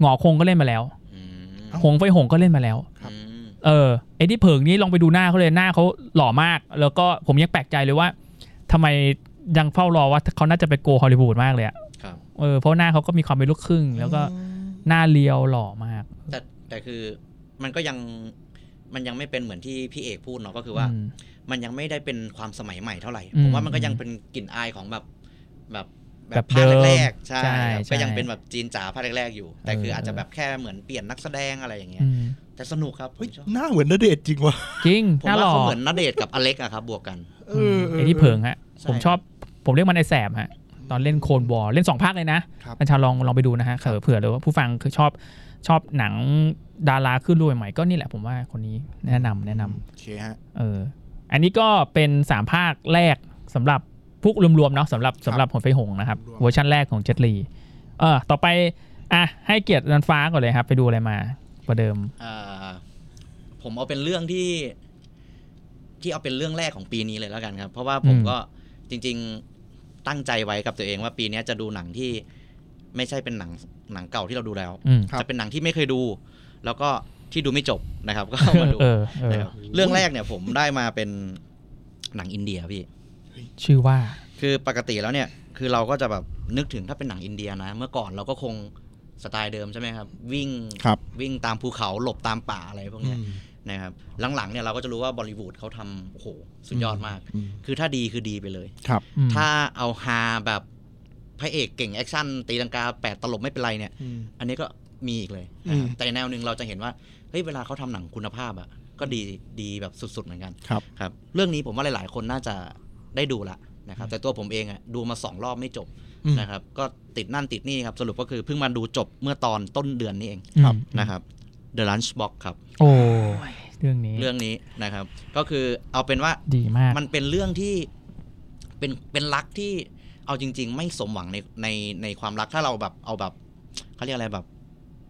Speaker 2: หงอคงก็เล่นมาแล้ว
Speaker 4: อืม
Speaker 6: เอ้า
Speaker 2: หงไฟหงก็เล่นมาแล้ว
Speaker 6: ครับ
Speaker 4: อืม
Speaker 2: เออเอ็ดดี้เผิงนี่ลองไปดูหน้าเขาเลยหน้าเขาหล่อมาก แล้วก็ผมยังแปลกใจเลยว่าทำไมยังเฝ้ารอว่าเขาน่าจะไปโกฮอลลีวูดมากเลยอะ
Speaker 4: ครับ
Speaker 2: เออเพราะหน้าเขาก็มีความเป็นลูกครึ่ง แล้วก็หน้าเรียวหล่อมาก
Speaker 4: แต่แต่คือมันก็ยังมันยังไม่เป็นเหมือนที่พี่เอกพูดเนาะก็คือว่า
Speaker 2: อืม
Speaker 4: มันยังไม่ได้เป็นความสมัยใหม่เท่าไหร่
Speaker 2: อืม
Speaker 4: ผมว่ามันก็ยังเป็นกลิ่นอายของแบบแบบ
Speaker 2: แบบ
Speaker 4: ภาค
Speaker 2: เดิม
Speaker 4: แรกๆใช่
Speaker 2: ใช่
Speaker 4: ครับก็ยัง
Speaker 2: ใช่
Speaker 4: เป็นแบบจีนจ๋าภาคแรกๆอยู่ แต่คือ
Speaker 2: เอออ
Speaker 4: อาจจะแบบแค่เหมือนเปลี่ยนนักแสดงอะไรอย่างเงี้ย
Speaker 2: อืม
Speaker 4: แต่สนุกครับผ
Speaker 6: เฮ้ย
Speaker 4: มชอบ
Speaker 6: หน้าเหมือนนเดชน์จริงว่ะ
Speaker 2: จริง
Speaker 4: ผม
Speaker 2: หน้าห
Speaker 4: ว่า
Speaker 2: ล่อ
Speaker 4: เขาเหมือนนเดชน์กับอเล็กอะครับบวกกัน
Speaker 6: เออ
Speaker 2: เอ็ดดี้เผิงฮะ
Speaker 4: ใช่
Speaker 2: ผมชอบผมเรียกมันไอแสบฮะตอนเล่นโคนบอลเล่นสองภาคเลยนะครับอาจารย์ลองลองไปดูนะฮะเผื่อเผื่อเลยว่าผู้ฟังคือชอบชอบหนังดาราขึ้นรวยใหม่ก็นี่แหละผมว่าคนนี้แนะนำแนะนำ
Speaker 6: โอเคฮะ
Speaker 2: เออ อันนี้ก็เป็น 3 ภาคแรกสำหรับพวกรวมๆเนาะสำหรับสำหรับหนไฟหงนะครับ
Speaker 6: รวมๆ
Speaker 2: เวอร์ชันแรกของเจตลีเออต่อไปอ่ะให้เกียรตินันฟ้าก่อนเลยครับ ไปดูอะไรมาประเดิม
Speaker 4: อ่าผมเอาเป็นเรื่องที่ ที่เอาเป็นเรื่องแรกของปีนี้เลยแล้วกันครับ เพราะว่าผม
Speaker 2: อืม
Speaker 4: ก็จริง ๆตั้งใจไว้กับตัวเองว่าปีเนี้ยจะดูหนังที่ไม่ใช่เป็นหนังหนังเก่าที่เราดูแล้ว
Speaker 2: อืม
Speaker 6: ครับ
Speaker 4: จะเป็นหนังที่ไม่เคยดู แล้วก็ที่ดูไม่จบนะครับ ก็
Speaker 2: เอ
Speaker 4: เอามา
Speaker 2: อ
Speaker 4: ดู
Speaker 2: เออเออ
Speaker 4: นะครับเรื่องแรกเนี่ยผมได้มาเป็นหนังอินเดียพี่
Speaker 2: ชื่อว่า
Speaker 4: คือปกติแล้วเนี่ย คือเราก็จะแบบนึกถึงถ้าเป็นหนังอินเดียนะ เมื่อก่อนเราก็คงสไตล์เดิมใช่ไหมครับ วิ่ง
Speaker 6: ครับ
Speaker 4: วิ่งตามภูเขาหลบตามป่าอะไรพวก
Speaker 6: อื
Speaker 4: เนี้ย
Speaker 6: ม
Speaker 4: นะครับหลังๆเนี่ยเราก็จะรู้ว่าบอลลิวูดเขาทำโอ้โหสุดยอดมาก
Speaker 6: อืม
Speaker 4: คือถ้าดีคือดีไปเลย
Speaker 6: ครับ
Speaker 2: อืม
Speaker 4: ถ้าเอาฮาแบบพระเอกเก่งแอคชั่นตีลังกาแปดตลบไม่เป็นไรเนี่ย อันนี้ก็มีอีกเลยนะครับ
Speaker 6: อืม
Speaker 4: แต่แนวหนึ่งเราจะเห็นว่าเฮ้ยเวลาเขาทำหนังคุณภาพอ่ะก็ดีดีแบบสุดๆเหมือนกัน
Speaker 6: ครับ
Speaker 4: ครับ เรื่องนี้ผมว่าหลายๆ คนน่าจะได้ดูละนะครับ แต่ตัวผมเองอ่ะดูมาสองรอบไม่จบ
Speaker 6: อืม
Speaker 4: นะครับ ก็ติดนั่นติดนี่ครับ สรุปก็คือเพิ่งมาดูจบเมื่อตอนต้นเดือนนี้เอง
Speaker 6: ครับ
Speaker 2: อืม
Speaker 4: นะครับ The Lunchbox ครับ
Speaker 2: โอ้ยเรื่องนี้
Speaker 4: เรื่องนี้นะครับ ก็คือเอาเป็นว่า
Speaker 2: ดีมาก
Speaker 4: มันเป็นเรื่องที่เป็นเป็นรักที่เอาจริง ๆ ไม่สมหวังในในในความรักถ้าเราแบบเอาแบบเขาเรียกอะไรแบบ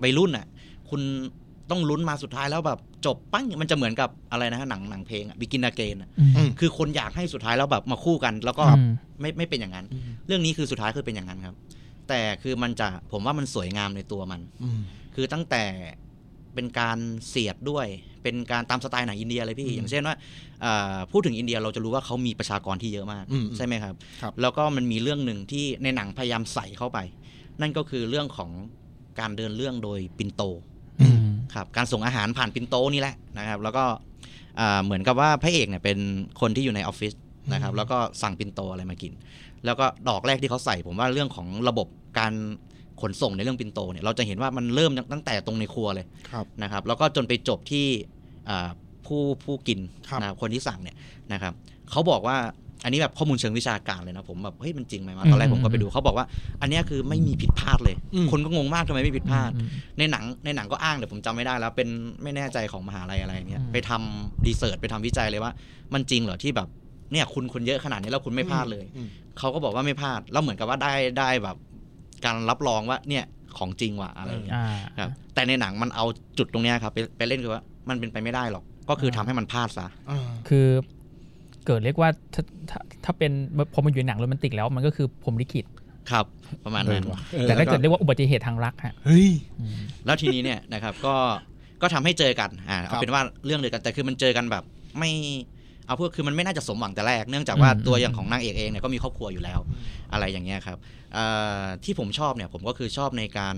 Speaker 4: วัยรุ่นอ่ะ คุณต้องลุ้นมาสุดท้ายแล้วแบบจบปั้งมันจะเหมือนกับอะไรนะฮะหนังหนังเพลงอะบิกินาเกน
Speaker 2: อืม
Speaker 6: อืม
Speaker 4: คือคนอยากให้สุดท้ายแล้วแบบมาคู่กัน แล้วก็
Speaker 2: อืม
Speaker 4: ไม่ไม่เป็นอย่างนั้น เรื่องนี้คือสุดท้ายคือเป็นอย่างนั้นครับ แต่คือมันจะผมว่ามันสวยงามในตัวมัน
Speaker 6: อืม
Speaker 4: คือตั้งแต่เป็นการเสียดด้วย เป็นการตามสไตล์หนังอินเดียเลยพี่
Speaker 6: อืม
Speaker 4: อย่างเช่นว่าเอ่อพูดถึงอินเดียเราจะรู้ว่าเขามีประชากรที่เยอะมาก
Speaker 6: อืม
Speaker 4: ใช่ไหมครับ
Speaker 6: ครับ
Speaker 4: แล้วก็มันมีเรื่องหนึ่งที่ในหนังพยายามใส่เข้าไป นั่นก็คือเรื่องของการเดินเรื่องโดยปินโต
Speaker 2: อืม
Speaker 4: ครับการส่งอาหารผ่านปินโตนี่แหละนะครับ แล้วก็เอ่อเหมือนกับว่าพระเอกเนี่ยเป็นคนที่อยู่ในออฟฟิศนะครับ แล้วก็สั่งปินโตอะไรมากิน แล้วก็ดอกแรกที่เขาใส่ผมว่าเรื่องของระบบการขนส่งในเรื่องปินโตเนี่ยเราจะเห็นว่ามันเริ่มตั้งแต่ตรงในครัวเลย
Speaker 6: ครับ
Speaker 4: นะครับแล้วก็จนไปจบที่อ่าผู้ผู้กิน
Speaker 6: ครับ
Speaker 4: นะครับคนที่สั่งเนี่ยนะครับเขาบอกว่าอันนี้แบบข้อมูลเชิงวิชาการเลยนะผมแบบเฮ้ยมันจริงไหมวะตอนแรกผมก็ไปดูเขาบอกว่า อันเนี้ยคือไม่มีผิดพลาดเลย
Speaker 6: อืม
Speaker 4: คนก็งงมากทำไมไม่ผิดพลาด
Speaker 2: อืม
Speaker 4: ในหนังในหนังก็อ้างแต่ผมจำไม่ได้แล้ว เป็นไม่แน่ใจของมหาลัยอะไรเนี้ย
Speaker 2: อืม
Speaker 4: ไปทำรีเสิร์ชไปทำวิจัยเลยว่า มันจริงเหรอที่แบบเนี่ยคุณคนเยอะขนาดนี้แล้วคุณไม่พลาดเลย
Speaker 6: อืม
Speaker 4: เขาก็บอกว่าไม่พลาดแล้วเหมือนกับว่าได้ได้แบบการรับรองว่าเนี่ยของจริงว่ะอะไรอย่างเงี้ย
Speaker 2: อ่า
Speaker 4: ครับแต่ในหนังมันเอาจุดตรงเนี้ยครับไปไปเล่นคือว่ามันเป็นไปไม่ได้หรอก ก็คือทำให้มันพลาดซะ
Speaker 6: อ่า
Speaker 2: คือเกิดเรียกว่าถ้าถ้าถ้าเป็นพอมันอยู่ในหนังโรแมนติกแล้วมันก็คือผมลิขิต
Speaker 4: ครับ ประมาณนั้น
Speaker 6: เออว่ะ
Speaker 2: แต่
Speaker 4: แล้
Speaker 2: ถ้าว เกิดเรียกว่าอุบัติเหตุทางรักฮะ
Speaker 6: เฮ้ย
Speaker 2: อืม
Speaker 4: แล้วทีนี้เนี่ยนะครับก็ก็ทำให้เจอกันอ่า
Speaker 6: ครั
Speaker 4: เอา
Speaker 6: บ
Speaker 4: เป็นว่าเรื่องเดียวกันแต่คือมันเจอกันแบบไม่เอาพวกคือมันไม่น่าจะสมหวังแต่แรกเนื่องจากว่า
Speaker 2: อืม
Speaker 4: ตัวอย่างของนางเอกเองเนี่ยก็มีครอบครัวอยู่แล้ว อะไรอย่างเงี้ยครับเอ่อที่ผมชอบเนี่ยผมก็คือชอบในการ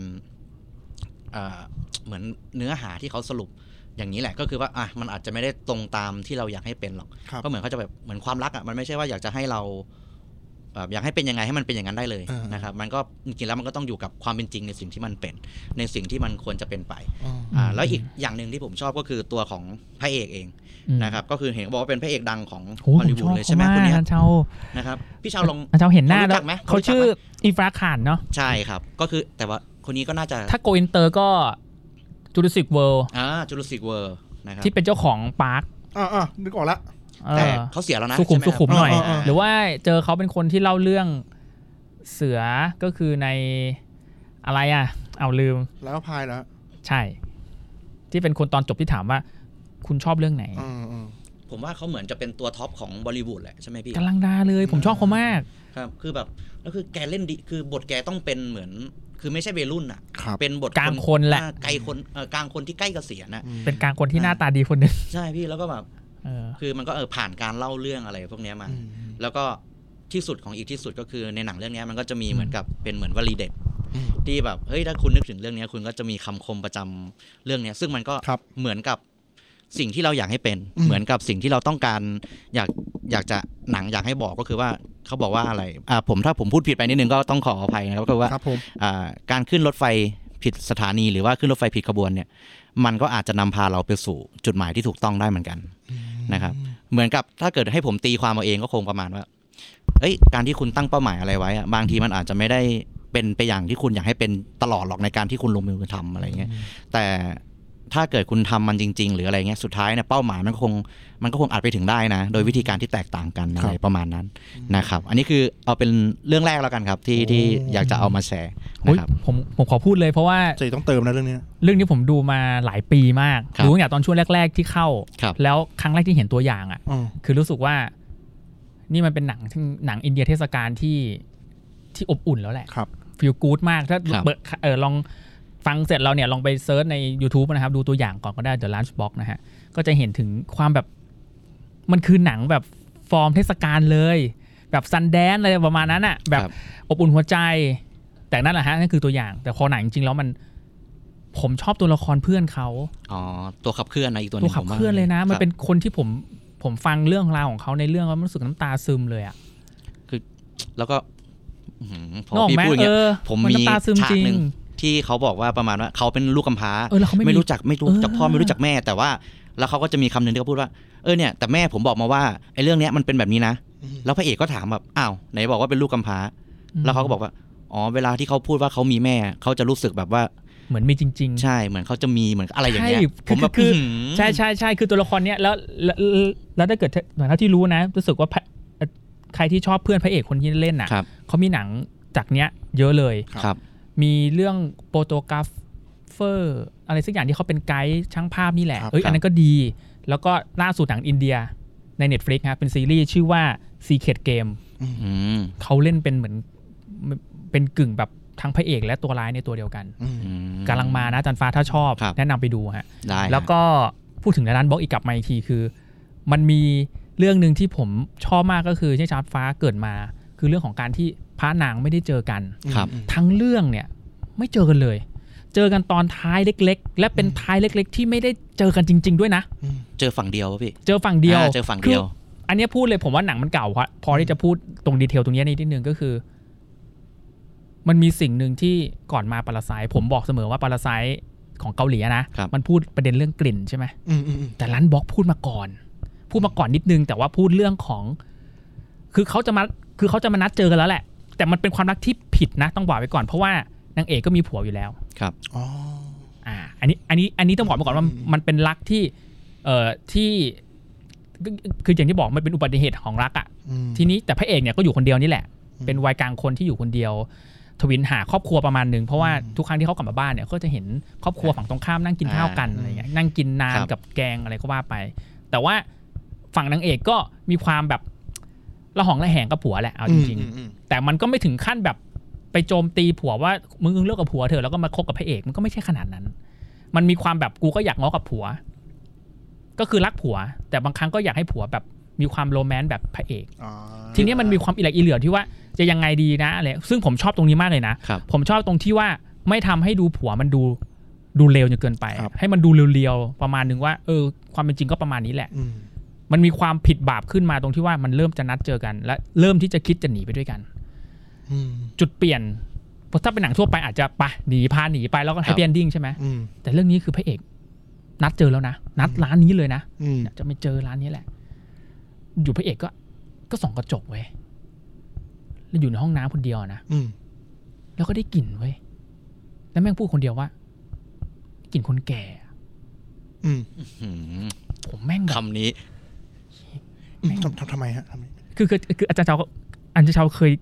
Speaker 4: เอ่อเหมือนเนื้อหาที่เขาสรุปอย่างนี้แหละก็คือว่าอ่ะมันอาจจะไม่ได้ตรงตามที่เราอยากให้เป็นหรอก
Speaker 6: ครับ
Speaker 4: ก็เหมือนเขาจะแบบเหมือนความรักอ่ะมันไม่ใช่ว่าอยากจะให้เราเ แบบอยากให้เป็นยังไงให้มันเป็นอย่างนั้นได้เลย
Speaker 6: อ่าน
Speaker 4: นะครับมันก็จริงๆแล้วมันก็ต้องอยู่กับความเป็นจริงในสิ่งที่มันเป็น ในสิ่งที่มันควรจะเป็นไป
Speaker 6: อ่า
Speaker 4: อ่า
Speaker 2: อืม
Speaker 4: แล้วอีกอย่างหนึ่งที่ผมชอบก็คือตัวของพระเอกเอง
Speaker 2: อืม
Speaker 4: นะครับก็คือเห็นเขาบอกว่าเป็นพระเอกดังของ
Speaker 2: โอ้
Speaker 4: ฮอลลี
Speaker 2: ผ
Speaker 4: วู
Speaker 2: มช
Speaker 4: ด
Speaker 2: อบ
Speaker 4: เลยใช่ไหม
Speaker 2: เขา
Speaker 4: ค
Speaker 2: มาน ก
Speaker 4: เนี้ย
Speaker 2: อาจารย์เช้า
Speaker 4: นะครับพี่ชาวลอง
Speaker 2: อาจารย์เห็นหน้า
Speaker 4: เขารู้
Speaker 2: แล้
Speaker 4: จั
Speaker 2: ว
Speaker 4: กไหมเขา
Speaker 2: เขา
Speaker 4: รู้จักไหม
Speaker 2: ชื่ออิฟราขานเนาะ
Speaker 4: ใช่ครับก็คือแต่ว่าคนนี้ก็น่าจะ
Speaker 2: ถ้าโกอินเตอร์ก็จูราสิกเวิลด์
Speaker 4: อ่าจูราสสิกเวิร์นะครับ
Speaker 2: ที่เป็นเจ้าของพาร์ค
Speaker 6: อ่าอ่านึกออกละ
Speaker 2: เอ
Speaker 4: แต่
Speaker 2: อ
Speaker 4: เขาเสียแล้วนะ
Speaker 2: สุขุม
Speaker 4: ใช่ไ
Speaker 2: สุขุม
Speaker 4: ครับ
Speaker 2: หน่อย
Speaker 4: า
Speaker 2: หรือว่าเจอเขาเป็นคนที่เล่าเรื่องเสือก็คือในอะไรอ่ะ เอาลืม
Speaker 6: แล้วก็พายแล้ว
Speaker 2: ใช่ ที่เป็นคนตอนจบที่ถามว่า คุณชอบเรื่องไหน
Speaker 6: อืมอืม
Speaker 4: ผมว่าเขาเหมือนจะเป็นตัวท็อปของบอลลิวูดแหละใช่ไหมพี่
Speaker 2: กำลังดาเลย ผมชอบเขามาก
Speaker 4: ครับคือแบบแล้วคือแกเล่นดีคือบทแกต้องเป็นเหมือน คือไม่ใช่เวยรุ่นอ่ะ
Speaker 6: ครับ
Speaker 4: เป็นบท
Speaker 2: กลางคนแหละ
Speaker 4: อ่าไกลคนเอ่อกลางคนที่ใกล้เกษียณนะ
Speaker 6: อืม
Speaker 2: เป็นกลางคนที่หน้าตาดีคนหนึ่ง
Speaker 4: ใช่พี่แล้วก็แบบ
Speaker 2: เออ
Speaker 4: คือมันก็เออผ่านการเล่าเรื่องอะไรพวกเนี้ยมา
Speaker 6: อืม
Speaker 4: แล้วก็ที่สุดของอีกที่สุดก็คือในหนังเรื่องเนี้ยมันก็จะมีเหมือนกับเป็นเหมือนวลีเด็ด
Speaker 6: อืม
Speaker 4: ที่แบบเฮ้ยถ้าคุณนึกถึงเรื่องเนี้ยคุณก็จะมีคำคมประจำเรื่องเนี้ยซึ่งมันก็
Speaker 6: ครับ
Speaker 4: เหมือนกับสิ่งที่เราอยากให้เป็น
Speaker 6: อืม
Speaker 4: เหมือนกับสิ่งที่เราต้องการอยากอยากจะหนังอยากให้บอกก็คือว่าเขาบอกว่าอะไรอ่าผมถ้าผมพูดผิดไปนิดนึงก็ต้องขออภัยนะครับก็คือว่า
Speaker 6: ครับผม
Speaker 4: อ่าการขึ้นรถไฟผิดสถานีหรือว่าขึ้นรถไฟผิดขบวนเนี่ยมันก็อาจจะนำพาเราไปสู่จุดหมายที่ถูกต้องได้เหมือนกันนะครับเหมือนกับถ้าเกิดให้ผมตีความเอาเองก็คงประมาณว่าเอ้ยการที่คุณตั้งเป้าหมายอะไรไว้อะบางทีมันอาจจะไม่ได้เป็นไปอย่างที่คุณอยากให้เป็นตลอดหรอกในการที่คุณลงมือทำอะไรเงี้ยแต่ถ้าเกิดคุณทำมันจริง ๆ หรืออะไรเงี้ยสุดท้ายเนี่ยเป้าหมายมันก็คงมันก็คงอาจไปถึงได้นะ โดยวิธีการที่แตกต่างกันอะไรประมาณนั้นนะครับอันนี้คือเอาเป็นเรื่องแรกแล้วกันครับที่ที่อยากจะเอามาแชร์
Speaker 2: อุ๊ย
Speaker 4: นะครับ
Speaker 2: ผมผมขอพูดเลยเพราะว่า
Speaker 6: จะต้องเติมนะเรื่องเนี้ย
Speaker 2: เรื่องนี้ผมดูมาหลายปีมาก
Speaker 4: ครับ
Speaker 2: ดูตั้งแต่ตอนช่วงแรก ๆ ที่เข้า
Speaker 4: ครับ
Speaker 2: แล้วครั้งแรกที่เห็นตัวอย่างอ่ะ
Speaker 6: อืม
Speaker 2: คือรู้สึกว่า นี่มันเป็นหนังที่หนังอินเดียเทศกาลที่ที่อบอุ่นแล้วแหละ
Speaker 6: ครับ
Speaker 2: ฟีลกู๊ดมาก ถ้า
Speaker 4: ครับ
Speaker 2: เปิดเออลองฟังเสร็จเราเนี่ยลองไปเซิร์ชใน YouTube นะครับ ดูตัวอย่างก่อนก็ได้ The Lunch Box นะฮะ ก็จะเห็นถึงความแบบ มันคือหนังแบบฟอร์มเทศกาลเลย แบบซันแดนอะไรประมาณนั้นอะแบบอบอุ่นหัวใจ แต่นั่นแหละฮะนั่นคือตัวอย่าง แต่พอหนังจริงๆแล้วมัน ผมชอบตัวละครเพื่อนเขา
Speaker 4: อ๋อตัวขับเคลื่อนนะอีกตัวหนึ
Speaker 2: ตั
Speaker 4: ง
Speaker 2: วขับ
Speaker 4: ผมว่า
Speaker 2: เคลื่อนเลยนะ มันเป็น
Speaker 4: ครั
Speaker 2: คนที่ผมผมฟังเรื่องราวของเขาในเรื่องแล้วมันรู้สึกน้ำตาซึมเลยอ่ะ
Speaker 4: บแล้วก็อื้อหือพ
Speaker 2: นก
Speaker 4: อ
Speaker 2: อ
Speaker 4: พี่
Speaker 2: กไหม
Speaker 4: พูดอย่าง
Speaker 2: เอ
Speaker 4: เงี้ย
Speaker 2: อ
Speaker 4: ผม
Speaker 2: น
Speaker 4: มี
Speaker 2: น้ำตาซึม
Speaker 4: ฉา
Speaker 2: จ
Speaker 4: ก
Speaker 2: ริง
Speaker 4: หนึ่งที่เขาบอกว่าประมาณว่าเขาเป็นลูกกำพร้า
Speaker 2: เออแล้วเขาไม่มี
Speaker 4: รู้จักไม่รู้จัก
Speaker 2: เออ
Speaker 4: พ่อไม่รู้จักแม่แต่ว่า แล้วเขาก็จะมีคำหนึ่งที่เขาพูดว่าเออเนี่ยแต่แม่ผมบอกมาว่าไอ้เรื่องเนี้ยมันเป็นแบบนี้นะ
Speaker 6: อืม
Speaker 4: แล้วพระเอกก็ถามแบบอ้าวไหนบอกว่าเป็นลูกกำพร้า แล้วเขาก็บอกว่าอ๋อเวลาที่เขาพูดว่าเขามีแม่เขาจะรู้สึกแบบว่า
Speaker 2: เหมือนมีจริง ๆ
Speaker 4: ใช่เหมือนเขาจะมีเหมือนอะไรอย่างเงี้ย
Speaker 2: ใช่
Speaker 4: ผมแบบ
Speaker 2: คือคือ
Speaker 4: หื
Speaker 2: ใช่ใช่ใช่คือตัวละครเนี้ยแล้วแล้วแล้วแล้วถ้าเกิดเหมือนเท่าที่รู้นะ รู้สึกว่าพระเอ่อใครที่ชอบเพื่อนพระเอกคนที่เล่นน่ะ
Speaker 4: ครับ
Speaker 2: เขามีหนังจากเนี้ย เยอะเลย
Speaker 4: ครับ
Speaker 2: มีเรื่องโปรโตกราฟเฟอร์อะไรสักอย่างที่เขาเป็นไกด์ช่างภาพนี่แหละ
Speaker 6: ครับ
Speaker 2: เอ้ย
Speaker 4: ครับ
Speaker 2: อันนั้นก็ดี แล้วก็ล่าสุดหนังอินเดียใน Netflix ครับเป็นซีรีส์ชื่อว่า Secret Game
Speaker 4: อืม
Speaker 2: เขาเล่นเป็นเหมือนเป็นกึ่งแบบทั้งพระเอกและตัวร้ายในตัวเดียวกัน
Speaker 4: อืม
Speaker 2: กำลังมานะอาจันฟ้าถ้าชอบ
Speaker 4: ครับ
Speaker 2: แนะนำไปดูฮะ
Speaker 4: ได้
Speaker 2: แล้วก็พูดถึงในร้านบล็อกอีกกลับมาอีกทีคือ มันมีเรื่องหนึ่งที่ผมชอบมากก็คือเช่นชาร์ตฟ้าเกิดมา คือเรื่องของการที่พระนางไม่ได้เจอกัน
Speaker 4: ครับ
Speaker 2: ทั้งเรื่องเนี่ยไม่เจอกันเลย เจอกันตอนท้ายเล็ก ๆ และเป็นท้ายเล็ก ๆ ที่ไม่ได้เจอกันจริง ๆ ด้วยนะ
Speaker 4: เจอฝั่งเดียวป่ะพี่
Speaker 2: เจอฝั่งเดียว
Speaker 4: อ่าเจอฝั่งเดียว
Speaker 2: คือันเนี้ยพูดเลยผมว่าหนังมันเก่าพอพอที่จะพูดตรงดีเทลตรงเนี้ยนิดนึงก็คือ มันมีสิ่งหนึ่งที่ก่อนมาปารสายผมบอกเสมอว่าปารสายของเกาหลีอะนะครับ มันพูดประเด็นเรื่องกลิ่นใช่ไหม
Speaker 6: อืมอืมอืม
Speaker 2: แต่ร้านบล็อกพูดมาก่อน พูดมาก่อนนิดนึง แต่ว่าพูดเรื่องของ คือเขาจะมาคือเขาจะมานัดเจอกันแล้วแหละ แต่มันเป็นความรักที่ผิดนะต้องบอกไว้ก่อนเพราะว่านางเอกก็มีผัวอยู่แล้ว
Speaker 4: ครับ
Speaker 6: อ๋อ
Speaker 2: อ่าอันนี้อันนี้อันนี้ต้องบอกมาก่อนว่า
Speaker 6: อืม
Speaker 2: มันเป็นรักที่เอ่อที่คือคืออย่างที่บอกมันเป็นอุบัติเหตุของรักอะ่ะ
Speaker 6: อืม
Speaker 2: ทีนี้แต่พระเอกเนี่ยก็อยู่คนเดียวนี่แหละ
Speaker 6: อืม
Speaker 2: เป็นวัยกลางคนที่อยู่คนเดียว ทวินหาครอบครัวประมาณหนึ่งเพราะว่าทุกครั้งที่เขากลับมาบ้านเนี่ยก็จะเห็นครอบครัวฝั่งตรงข้ามนั่งกินข้าวกัน
Speaker 6: อ่า
Speaker 2: อะไรอย่างเงี้ยนั่งกินนาน
Speaker 4: ครับ
Speaker 2: กับแกงอะไรก็ว่าไป แต่ว่าฝั่งนางเอกก็มีความแบบระหองระแหงกับผัวแหละเอาจริง
Speaker 6: อืมอื
Speaker 2: ๆ
Speaker 6: มอืม
Speaker 2: แต่มันก็ไม่ถึงขั้นแบบไปโจมตีผัวว่ามึงเลิกกับผัวเถอะแล้วก็มาคบกับพระเอกมันก็ไม่ใช่ขนาดนั้น มันมีความแบบกูก็อยากง้อกับผัว ก็คือรักผัว แต่บางครั้งก็อยากให้ผัวแบบมีความโรแมนต์แบบพระเอก
Speaker 6: อ๋อ
Speaker 2: ทีเนี้ยมันมีความอิเล็กอิเหลือที่ว่าจะยังไงดีนะอะไรซึ่งผมชอบตรงนี้มากเลยนะ
Speaker 4: ครับ
Speaker 2: ผมชอบตรงที่ว่าไม่ทำให้ดูผัวมันดูดูเลวจนเกินไป ให้มันดูเรียวๆประมาณนึงว่าเออความเป็นจริงก็ประมาณนี้แหละ
Speaker 6: อืม
Speaker 2: มันมีความผิดบาปขึ้นมาตรงที่ว่ามันเริ่มจะนัดเจอกัน และเริ่มที่จะคิดจะหนีไปด้วยกัน
Speaker 3: อืม
Speaker 2: จุดเปลี่ยนเพราะถ้าเป็นหนังทั่วไปอาจจะไปะหนีพาหนีไปแล้วก็แฮปปี้เอนดิ้งใช่ไหม
Speaker 3: อืม
Speaker 2: แต่เรื่องนี้คือพระเอก นัดเจอแล้วนะ นัดร้านนี้เลยนะ
Speaker 3: อืม
Speaker 2: เนี่ยจะไม่เจอร้านนี้แหละ อยู่พระเอกก็ ก็ส่องกระจกเว้ย แล้วอยู่ในห้องน้ำคนเดียวนะ
Speaker 3: อืม
Speaker 2: แล้วก็ได้กลิ่นเว้ย แล้วแม่งพูดคนเดียวว่า กลิ่นคนแก่อะ
Speaker 3: อืม
Speaker 4: อืม
Speaker 2: ผมแม่งแบบ
Speaker 4: คำนี้
Speaker 3: อืมทำทำทำไมฮะทำไม
Speaker 2: คือคือคืออาจารย์เชาก็อาจารย์เชาเคย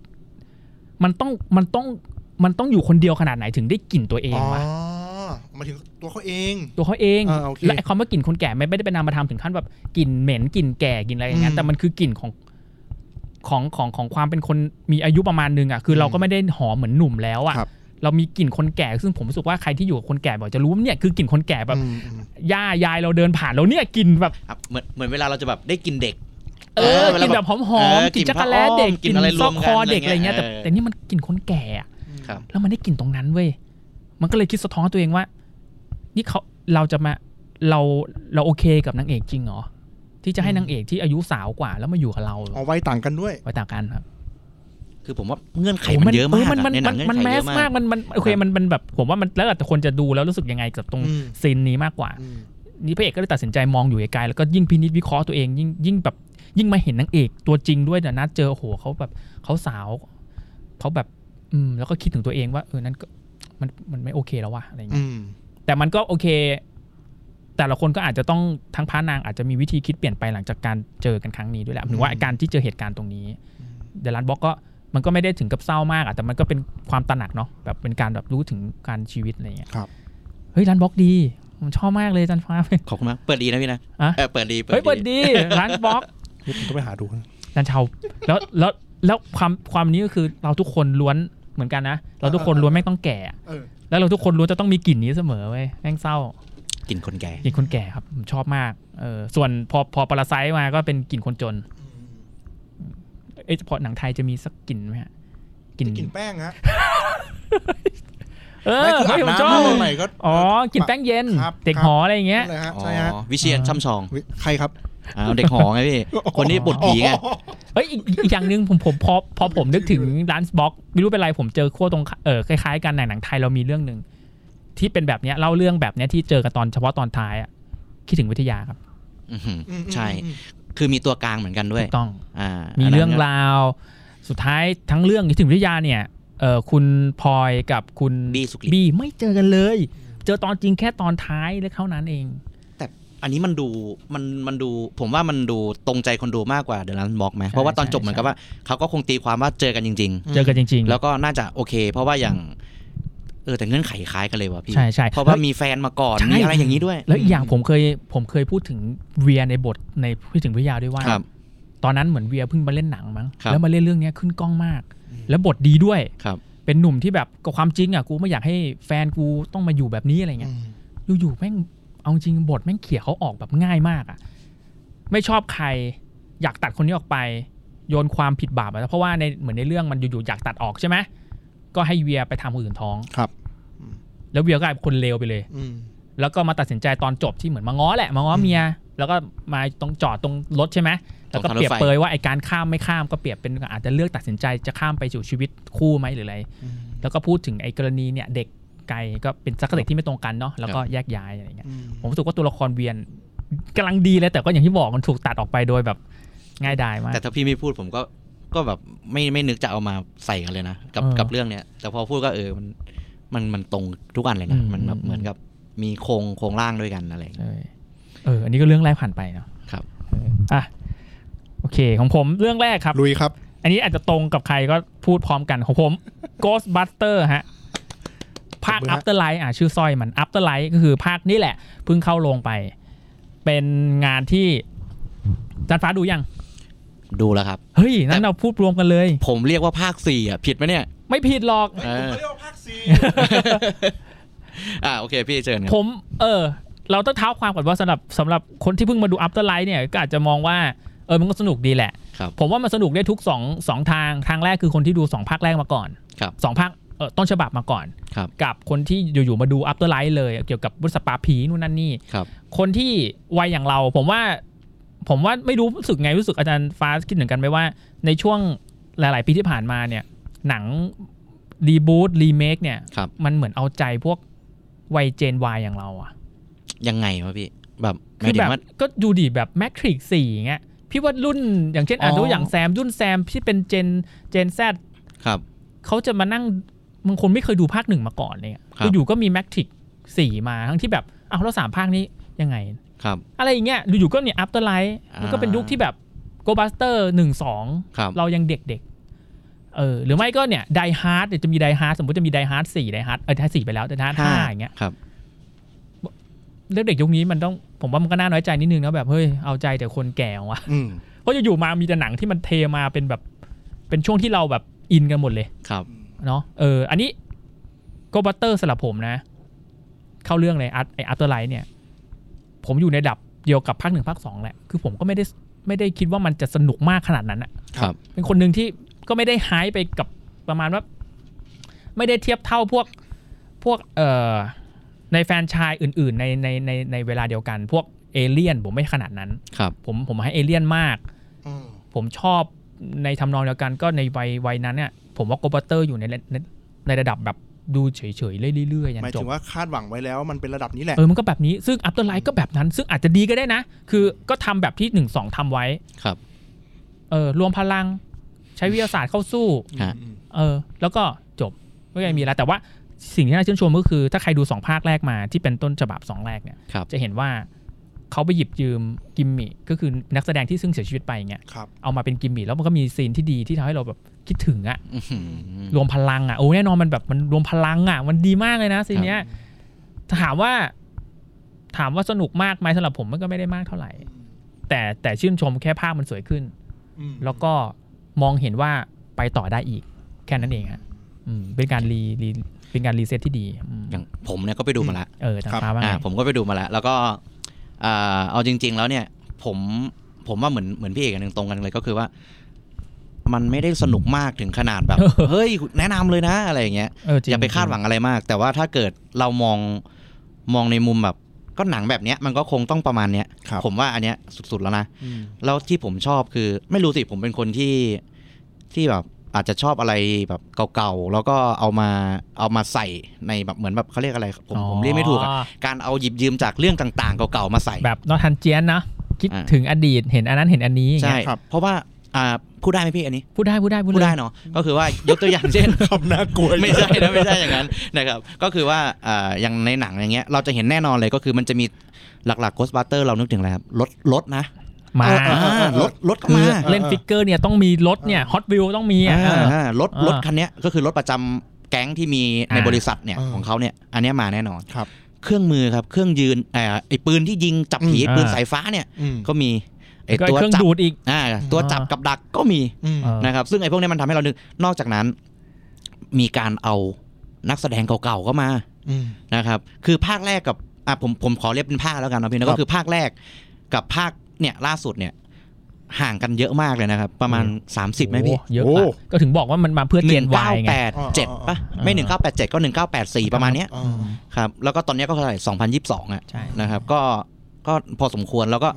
Speaker 2: มันต้อง มันต้อง มันต้องอยู่คนเดียวขนาดไหนถึงได้กลิ่นตัวเอง
Speaker 3: อ๋อ
Speaker 2: วะ
Speaker 3: หมายถึงตัวเขาเอง
Speaker 2: ตัวเขาเอง
Speaker 3: อ่าโอเค
Speaker 2: และไอ้ความว่ากลิ่นคนแก่ไม่ไม่ได้เป็นนามธรรมถึงขั้นแบบกลิ่นเหม็นกลิ่นแก่กลิ่นอะไรอย่างเงี้
Speaker 3: อื
Speaker 2: ย
Speaker 3: ม
Speaker 2: แต่มันคือกลิ่นของของของของความเป็นคนมีอายุประมาณนึงอ่ะคือเราก็ไม่ได้หอมเหมือนหนุ่มแล้วอ่ะ
Speaker 3: ครับ
Speaker 2: เรามีกลิ่นคนแก่ ซึ่งผมรู้สึกว่าใครที่อยู่กับคนแก่บอกจะรู้ว่าเนี่ยคือกลิ่นคนแก่แบบ
Speaker 3: อืมอืม
Speaker 2: ย่ายายเราเดินผ่านแล้วเนี่ยกลิ่นแบบ
Speaker 4: ครับเหมือนเหมือนเวลาเราจะแบบได้กินเด็ก
Speaker 2: เอ
Speaker 4: เอ
Speaker 2: อ
Speaker 4: อเวลาก
Speaker 2: ลิ่นแบบหอ
Speaker 4: เอ
Speaker 2: ม
Speaker 4: อ
Speaker 2: ๆกลิ่น
Speaker 4: กลิ่น
Speaker 2: จักรแลตเด็กก
Speaker 4: ผ้าอ้อม
Speaker 2: ลิ่น
Speaker 4: กลิ่นอะไร
Speaker 2: ซ
Speaker 4: ร
Speaker 2: อ
Speaker 4: ว
Speaker 2: ก
Speaker 4: ม
Speaker 2: ค
Speaker 4: กัน
Speaker 2: อ
Speaker 4: อะไร
Speaker 2: เด็กอะไรเงี้ยแต่
Speaker 4: เงี้ยเออ
Speaker 2: แต่นี่มันกลิ่นคนแก่อะ
Speaker 4: ครับ
Speaker 2: แล้วมันได้กลิ่นตรงนั้นเว้ย มันก็เลยคิดสะท้อนตัวเองว่า นี่เขาเราจะมาเราเราโอเคกับนางเอกจริงเหรอ ที่จะให้นางเอกที่อายุสาวกว่าแล้วมาอยู่กับเรา
Speaker 3: เอาไว้ต่างกันด้วย
Speaker 2: ไว้ต่างกันครับ
Speaker 4: คือผมว่าเงื่อนไขมันเยอะมาก
Speaker 2: มัน
Speaker 4: อะ
Speaker 2: มัน
Speaker 4: ในหนั
Speaker 2: มั
Speaker 4: ง
Speaker 2: น
Speaker 4: เงื่อน
Speaker 2: มันแมส
Speaker 4: ไขเย
Speaker 2: มาม
Speaker 4: อะาก ก
Speaker 2: มันมันโอเคมันมันแบบผมว่ามันแล้วแต่คนจะดูแล้วรู้สึกยังไงกับตรง
Speaker 3: อืม
Speaker 2: ซีนนี้มากกว่า
Speaker 3: อืม
Speaker 2: นี่พระเอกก็เลยตัดสินใจมองอยู่ไกลๆแล้วก็ยิ่งพินิจวิเคราะห์ตัวเองยิ่งยิ่งแบบยิ่งมาเห็นนางเอกตัวจริงด้วยเนี่ยนะเจอโอ้โหเขาแบบเขาสาวเขาแบบอืมแล้วก็คิดถึงตัวเองว่าเออนั่นก็มันมันไม่โอเคแล้วว่ะอะไรอย่างเงี้ย
Speaker 3: อืม
Speaker 2: แต่มันก็โอเค แต่ละคนก็อาจจะต้องทั้งพระนางอาจจะมีวิธีคิดเปลี่ยนไปหลังจากการเจอกันครั้งนี้ด้วยแหละหมายถึงว่า
Speaker 3: อืม
Speaker 2: การที่เจอเหตุการณ์ตรงนี้เดลันบ็อกก็มันก็ไม่ได้ถึงกับเศร้ามากอะแต่มันก็เป็นความตระหนักเนาะแบบเป็นการแบบรู้ถึงการชีวิตอะไรอย่างเงี้ย
Speaker 3: ครับ
Speaker 2: เฮ้ยร้านบ็อกดีผมชอบมากเลยอาจันฟ้า
Speaker 4: ขอบคุณมากเปิดดีนะพี่นะ
Speaker 2: อะ
Speaker 4: เออเปิดดี
Speaker 2: เฮ้ยเปิดดีร้านบ็อก
Speaker 3: นี่ผมต้องไปหาดูนะ
Speaker 2: อาจันเชาแล้วแล้วแล้วความความนี้ก็คือเราทุกคนล้วนเหมือนกันนะเราทุกคนล้วนแม่งต้องแก่อะ
Speaker 3: เออ
Speaker 2: แล้วเราทุกคนล้วนจะต้องมีกลิ่นนี้เสมอเว้ยแม่งเศร้า
Speaker 4: กลิ่นคนแก่
Speaker 2: กลิ่นคนแก่ครับผมชอบมาก เออส่วนพอพอปรไซต์มาก็เป็นกลิ่นคนจน เอ๊ะเฉพาะหนังไทยจะมีสักกลิ่นไหมฮะกลิ่น
Speaker 3: กินแป้งฮะ
Speaker 2: เออ
Speaker 3: ไม่คืออา
Speaker 2: เฮ้ย
Speaker 3: บ
Speaker 2: ผมชอบ
Speaker 3: น้ำอะไรใหม่ก็
Speaker 2: อ๋อกลิ่นแป้งเย็น
Speaker 3: ครับ
Speaker 2: เด็ก
Speaker 3: ครับ
Speaker 2: หออะไรอย่างเงี้ย
Speaker 3: นั่นเลยฮะ
Speaker 4: อ๋อ
Speaker 3: ใช่ฮะ
Speaker 4: วิเชียน
Speaker 2: อ่า
Speaker 4: ช่ำชอง
Speaker 3: วิใครครับ
Speaker 4: อ้าวเด็กหอไง พี่ คนนี้บทผีไง
Speaker 2: เอ้ยอีกอีกอย่างหนึ่งผมผมพอพอผมนึกถึงร้านบ็อกไม่รู้เป็นไรผมเจอขั้วตรงเออคล้ายๆกันหนังหนังไทยเรามีเรื่องหนึ่งที่เป็นแบบเนี้ยเล่าเรื่องแบบเนี้ยที่เจอกันตอนเฉพาะตอนท้ายอะคิดถึงวิทยาครับ
Speaker 4: อื้อหือ
Speaker 3: อืมอืม
Speaker 4: ใช่
Speaker 3: อืม
Speaker 4: คือมีตัวกลางเหมือนกันด้วย
Speaker 2: ถูกต้อง
Speaker 4: อ่า
Speaker 2: มี
Speaker 4: นนั้น
Speaker 2: เรื่องราว สุดท้ายทั้งเรื่องที่ถึงวิทยาเนี่ยเอ่อคุณพลอยกับคุณ
Speaker 4: บี้สุกริต
Speaker 2: บีไม่เจอกันเลย เจอตอนจริงแค่ตอนท้ายและเท่านั้นเอง
Speaker 4: อันนี้มันดูมันมันดูผมว่ามันดูตรงใจคนดูมากกว่าเดลันบ็อกไหมเพราะว่าตอน
Speaker 2: ใช่
Speaker 4: จบเหมือน
Speaker 2: ใช่
Speaker 4: กับว่า เขาก็คงตีความว่าเจอกันจริง
Speaker 2: เจอกันจริง
Speaker 4: ๆ แล้วก็น่าจะโอเค เพราะว่าอย่าง เออแต่เงื่อนไขคล้ายกันเลยว่ะพี่
Speaker 2: ใช่ใช่
Speaker 4: เพราะว่ามีแฟนมาก่อน
Speaker 2: ใช่
Speaker 4: มีอะไรอย่างนี้ด้วย
Speaker 2: แล้วอีกอย่างผมเคยผมเคยพูดถึงเวียในบทในพี่ถึงวิทยาด้วยว่า
Speaker 4: ครับ
Speaker 2: ตอนนั้นเหมือนเวียเพิ่งมาเล่นหนังมั้ง
Speaker 4: ครับ
Speaker 2: แล้วมาเล่นเรื่องเนี้ยขึ้นกล้องมาก แล้วบทดีด้วย
Speaker 4: ครับ
Speaker 2: เป็นหนุ่มที่แบบกับความจริงอ่ะกูไม่อยากให้แฟนกูต้องมาอยู่แบบนี้อะไรเงี้ย
Speaker 3: อืม
Speaker 2: อยู่ๆแม่งเอาจริงบทแม่งเขี่ยเขาออกแบบง่ายมากอะไม่ชอบใครอยากตัดคนนี้ออกไปโยนความผิดบาปอะเพราะว่าในเหมือนในเรื่องมันอยู่ๆอยากตัดออกใช่ไหมก็ให้เวียไปทำคนอื่นท้อง
Speaker 3: ครับ
Speaker 2: แล้วเวียก็กลายเป็นคนเลวไปเลย
Speaker 3: อืม
Speaker 2: แล้วก็มาตัดสินใจตอนจบที่เหมือนมาง้อแหละมาง้อเมีย แล้วก็มาตรงจอดตรงรถใช่ไหมแล้วก็
Speaker 4: ตรงทาง
Speaker 2: เปรียบ
Speaker 4: รถไฟ
Speaker 2: เปรยว่าไอการข้ามไม่ข้ามก็เปรียบเป็นอาจจะเลือกตัดสินใจจะข้ามไปสู่ชีวิตคู่ไหมหรืออะไร
Speaker 3: อืม
Speaker 2: แล้วก็พูดถึงไอกรณีเนี่ยเด็กไกลก็เป็นสักเด็กที่ไม่ตรงกันเนาะแล้วก็แยกย้ายอะไรอย่างเงี้ย
Speaker 3: อืม
Speaker 2: ผมรู้สึกว่าตัวละครเวียนกำลังดีเลยแต่ก็อย่างที่บอกมันถูกตัดออกไปโดยแบบง่ายดายมาก
Speaker 4: แต่ถ้าพี่ไม่พูดผมก็ก็แบบไม่ไม่นึกจะเอามาใส่กันเลยนะ กับ
Speaker 2: เออ
Speaker 4: กับเรื่องเนี้ย แต่พอพูดก็เออมันมันมันตรงทุกอันเลยนะ
Speaker 2: อืม
Speaker 4: มันแบบ
Speaker 2: อืม
Speaker 4: เหมือนกับมีโครงโครงร่างด้วยกันอะไรอย่างเงี้ย
Speaker 2: เออเออ อันนี้ก็เรื่องแรกผ่านไปเนาะ
Speaker 4: ครับ
Speaker 2: เอออ่ะโอเค ของผมเรื่องแรกครับ
Speaker 3: ลุยครับ
Speaker 2: อันนี้อาจจะตรงกับใครก็พูดพร้อมกันของผม Ghostbuster ฮะ ภาค
Speaker 3: ขอบคุณฮะ
Speaker 2: Afterlife อ่ะชื่อสร้อยมัน Afterlife ก็คือภาคนี่แหละเพิ่งเข้าลงไป เป็นงานที่จันฟ้าดูยัง
Speaker 4: ดูแล้วครับ
Speaker 2: เฮ้ยนั้นเราพูดรวมกันเลย
Speaker 4: ผมเรียกว่าภาคสี่อ่ะผิดไหมเนี่ย
Speaker 2: ไม่ผิดหรอก
Speaker 4: เออ
Speaker 3: เขาเรียกว่าภาคซี
Speaker 4: อ่าโอเคพี่เจอเนี่ย
Speaker 2: ผมเออ เราต้องเท้าความก่อนว่าสำหรับสำหรับคนที่เพิ่งมาดู After Life เนี่ยก็อาจจะมองว่าเออมันก็สนุกดีแหละ
Speaker 4: ครับ
Speaker 2: ผมว่ามันสนุกได้ทุก2องสองทางทางแรกคือคนที่ดู 2 ภาคแรกมาก่อน
Speaker 4: ครับ
Speaker 2: สองภาคเออต้นฉบับมาก่อน
Speaker 4: ครับ
Speaker 2: กับคนที่อยู่ๆมาดู After Life เลย เกี่ยวกับบริษัทปราผีนู่นนั่นนี่
Speaker 4: ครับ
Speaker 2: คนที่วัยอย่างเรา ผมว่า ผมว่าไม่รู้รู้สึกไงรู้สึกอาจารย์ฟ้าคิดเหมือนกันไหมว่า ในช่วงหลาย ๆ ปีที่ผ่านมาเนี่ย หนังรีบูตรีเมคเนี่ย
Speaker 4: ครับ
Speaker 2: มันเหมือนเอาใจพวกวัยเจนวายอย่างเราอะ
Speaker 4: ยังไงวะพี่แบบห
Speaker 2: คื
Speaker 4: มาย
Speaker 2: อ
Speaker 4: ถึ
Speaker 2: แบ
Speaker 4: ง
Speaker 2: บ
Speaker 4: ว่า
Speaker 2: ก็ดูดีแบบแมทริกสี่อย่างเงี้ยพี่ว่ารุ่นอย่างเช่นอ่ะ
Speaker 4: อ๋อ
Speaker 2: ดูอย่างแซมรุ่นแซมที่เป็นเจนเจนแซด
Speaker 4: ครับ
Speaker 2: เขาจะมานั่งบางคนไม่เคยดูภาคหนึ่งมาก่อนเนี่ย
Speaker 4: ครับ
Speaker 2: อยู่ๆก็มีแมทริกสี่มาทั้งที่แบบอ้าวแล้วสามภาคนี้ยังไง
Speaker 4: ครับ
Speaker 2: อะไรอย่างเงี้ยอยู่ๆก็เนี่ยอัปเตอร์ไลท์มันก็เป็น
Speaker 4: อ่ายุ
Speaker 2: ยุคที่แบบโกบัสเตอร์หนึ่งสอง
Speaker 4: ครับ
Speaker 2: เรายังเด็กๆเออหรือไม่ก็เนี่ยไดฮาร์ดจะมีไดฮาร์ดสมมติจะมีไดฮาร์ดสี่ไดฮาร์ดเออไดสี่ไปแล้วไดฮาร์ดห้าอย่างเงี้ย
Speaker 4: ครับ
Speaker 2: แล้วเด็กยุคนี้มันต้องผมว่ามันก็น่าน้อยใจนิดนึงนะแบบเฮ้ยเอาใจแต่คนแก่วะ
Speaker 6: อืม
Speaker 2: เพราะอยู่ๆมามีแต่หนังที่มันเทมาเป็นแบบเป็นช่วงที่เราแบบอินกันหมดเลย
Speaker 4: ครับ
Speaker 2: เนาะเอออันนี้ก็บัตเตอร์สำหรับผมนะ เข้าเรื่องเลยอัตไออัตเตอร์ไลท์เนี่ย ผมอยู่ในระดับเดียวกับภาคหนึ่งภาคสองแหละ คือผมก็ไม่ได้ไม่ได้คิดว่ามันจะสนุกมากขนาดนั้นอะ
Speaker 4: ครับ
Speaker 2: เป็นคนหนึ่งที่ก็ไม่ได้หายไปกับประมาณว่า ไม่ได้เทียบเท่าพวกพวกเอ่อในแฟรนไชายอื่น ๆ ในในในในเวลาเดียวกัน พวกเอเลี่ยนผมไม่ขนาดนั้น
Speaker 4: ครับ
Speaker 2: ผมผมให้เอเลี่ยนมาก ผมชอบในทำนองเดียวกันก็ในวัยวัยนั้นเนี่ยผมว่าโกบัตเตอร์อยู่ในในในระดับแบบดูเฉยๆเรื่อยๆยั
Speaker 6: หมาย
Speaker 2: นจ
Speaker 6: ถึ
Speaker 2: บ
Speaker 6: งว่าคาดหวังไว้แล้วว่ามันเป็นระดับนี้แหละ
Speaker 2: เออมันก็แบบนี้ซึ่งอัปเตอร์ไลท์ก็แบบนั้น ซึ่งอาจจะดีก็ได้นะ คือก็ทำแบบที่หนึ่งสองทำไว้
Speaker 4: ครับ
Speaker 2: เออรวมพลังใช้วิทยาศาสตร์เข้าสู้
Speaker 4: ฮะ
Speaker 2: เออแล้วก็จบไม่ได้มีอะไรแต่ว่าสิ่งที่น่าชื่นชมก็คือ ถ้าใครดูสองภาคแรกมาที่เป็นต้นฉบับสองแรกเนี่ย
Speaker 4: ครับ
Speaker 2: จะเห็นว่าเขาไปหยิบยืมกิมมิคก็คือนักแสดงที่ซึ่งเสียชีวิตไปอย่างเงี้ย
Speaker 6: ครับ
Speaker 2: เอามาเป็นกิมมิคแล้วมันก็มีซีนที่ดีที่ทำให้เราแบบคิดถึงอะ
Speaker 4: อื้อหือ
Speaker 2: รวมพลังอะโอ้แน่นอนมันแบบมันรวมพลังอะมันดีมากเลยนะซีนเนี้ยถามว่า ถามว่าสนุกมากไหมสำหรับผมมันก็ไม่ได้มากเท่าไหร่ แต่แต่ชื่นชมแค่ภาพมันสวยขึ้น แล้วก็มองเห็นว่าไปต่อได้อีก แค่นั้นเองฮะอืมเป็นการรีรีเป็นการรีเซ็ตที่ดีอืม
Speaker 4: อย่างผมเนี่ยก็ไปดูมาละ
Speaker 2: เออตาม
Speaker 6: ครับ
Speaker 2: ฟ้าว่า
Speaker 4: อ่า
Speaker 2: ไง
Speaker 4: ผมก็ไปดูมาแล้ว แล้วก็อ่าเอาจริง ๆ แล้วเนี่ย ผมผมว่าเหมือนเหมือนพี่เอกอันหนึ่งตรงกันเลยก็คือว่า มันไม่ได้สนุกมากถึงขนาด แบบ เฮ้ยแนะนำเลยนะอะไรอย่างเงี้ย
Speaker 2: เออจริง
Speaker 4: อย่าไปคาดหวังอะไรมาก แต่ว่าถ้าเกิดเรามองมองในมุมแบบ ก็หนังแบบเนี้ยมันก็คงต้องประมาณเนี้ย
Speaker 6: ครับ
Speaker 4: ผมว่าอันเนี้ยสุดๆแล้วนะ แล้วที่ผมชอบคือ ไม่รู้สิผมเป็นคนที่ที่แบบอาจจะชอบอะไรแบบเก่าๆ แล้วก็เอามาเอามาใส่ในแบบเหมือนแบบเขาเรียกอะไรผมผมเรียกไม่ถูกอะ การเอาหยิบยืมจากเรื่องต่างๆ เก่าๆ มาใส่
Speaker 2: แบบนอทันเจียนนะคิด
Speaker 4: อ่า
Speaker 2: ถึงอดีตเห็นอันนั้นเห็นอันนี้อย่าง
Speaker 4: ใช่
Speaker 2: เงี้ย
Speaker 6: ครับ
Speaker 4: เพราะว่าอ่าพูดได้ไหมพี่อันนี้
Speaker 2: พูดได้พูดได้พูด
Speaker 4: พูด
Speaker 2: เล
Speaker 4: ได้
Speaker 2: ย
Speaker 4: เนาะก็คือว่ายกตัวอย่าง เช่น
Speaker 6: คำน่ากลัว
Speaker 4: ไม่ใช่นะไม่ใช่อย่างนั้นนะครับก็คือว่าอ่าอย่างในหนังอย่างเงี้ยเราจะเห็นแน่นอนเลยก็คือมันจะมีหลักๆ Ghostbuster เรานึกถึงอะไรครับรถรถนะ
Speaker 2: มา
Speaker 4: อ่ารถรถก็
Speaker 2: คื
Speaker 4: มา
Speaker 2: อเล่นฟิกเกอร์เนี่ยต้องมีรถเนี่ยฮอตวิวต้องมีอ่ะ
Speaker 4: อ่าอ่ารถ
Speaker 2: อ่าร
Speaker 4: ถคันเนี้ยก็คือรถประจำแก๊งที่มีใน
Speaker 2: อ่า
Speaker 4: บริษัทเนี่ยของเขาเนี่ยอันเนี้ยมาแน่นอน
Speaker 6: ครับ
Speaker 4: เครื่องมือครับเครื่องยืนอ่าไอ้ปืนที่ยิงจับผีไอ้ปืนสายฟ้าเนี่ย
Speaker 6: อืม
Speaker 4: ก็มีไอ้
Speaker 2: ก็
Speaker 4: ตัว
Speaker 2: เครื่อง
Speaker 4: จับ
Speaker 2: ดูดอีก
Speaker 4: อ่าตัวจับ
Speaker 2: อ่ากั
Speaker 4: กับดักก็มี
Speaker 6: อืม
Speaker 2: เออ
Speaker 4: นะครับ ซึ่งไอ้พวกเนี้ยมันทำให้เรานึกนอกจากนั้น มีการเอานักแสดงเก่าๆก็มา
Speaker 6: อืม
Speaker 4: นะครับ คือภาคแรกกับอ่ะผมผมขอเรียกเป็นภาคแล้วกันนะพี่
Speaker 6: ครั
Speaker 4: นะ
Speaker 6: บ
Speaker 4: ก็คือภาคแรกกับภาคเนี่ยล่าสุดเนี่ย ห่างกันเยอะมากเลยนะครับ ประมาณ 30ไหมพี่
Speaker 2: โอ้โหเยอะมากก็ถึงบอกว่ามันมาเพื่อ
Speaker 4: ห
Speaker 2: เจ
Speaker 4: นึ่
Speaker 2: น
Speaker 4: ง
Speaker 2: วา
Speaker 4: เก้าย
Speaker 2: ไง
Speaker 4: แปดเจ็ดป่ะไม่หนึ่งเก้าแปดเจ็ดก็หนึ่งเก้าแปดสี่ประมาณเนี้ย
Speaker 6: อ่า
Speaker 4: ครับแล้วก็ตอนเนี้ยก็เท่าไหร่สองพันยี่สิบสองอ่ะ
Speaker 2: ใช่
Speaker 4: นะครับ ก็ก็พอสมควรแล้วก็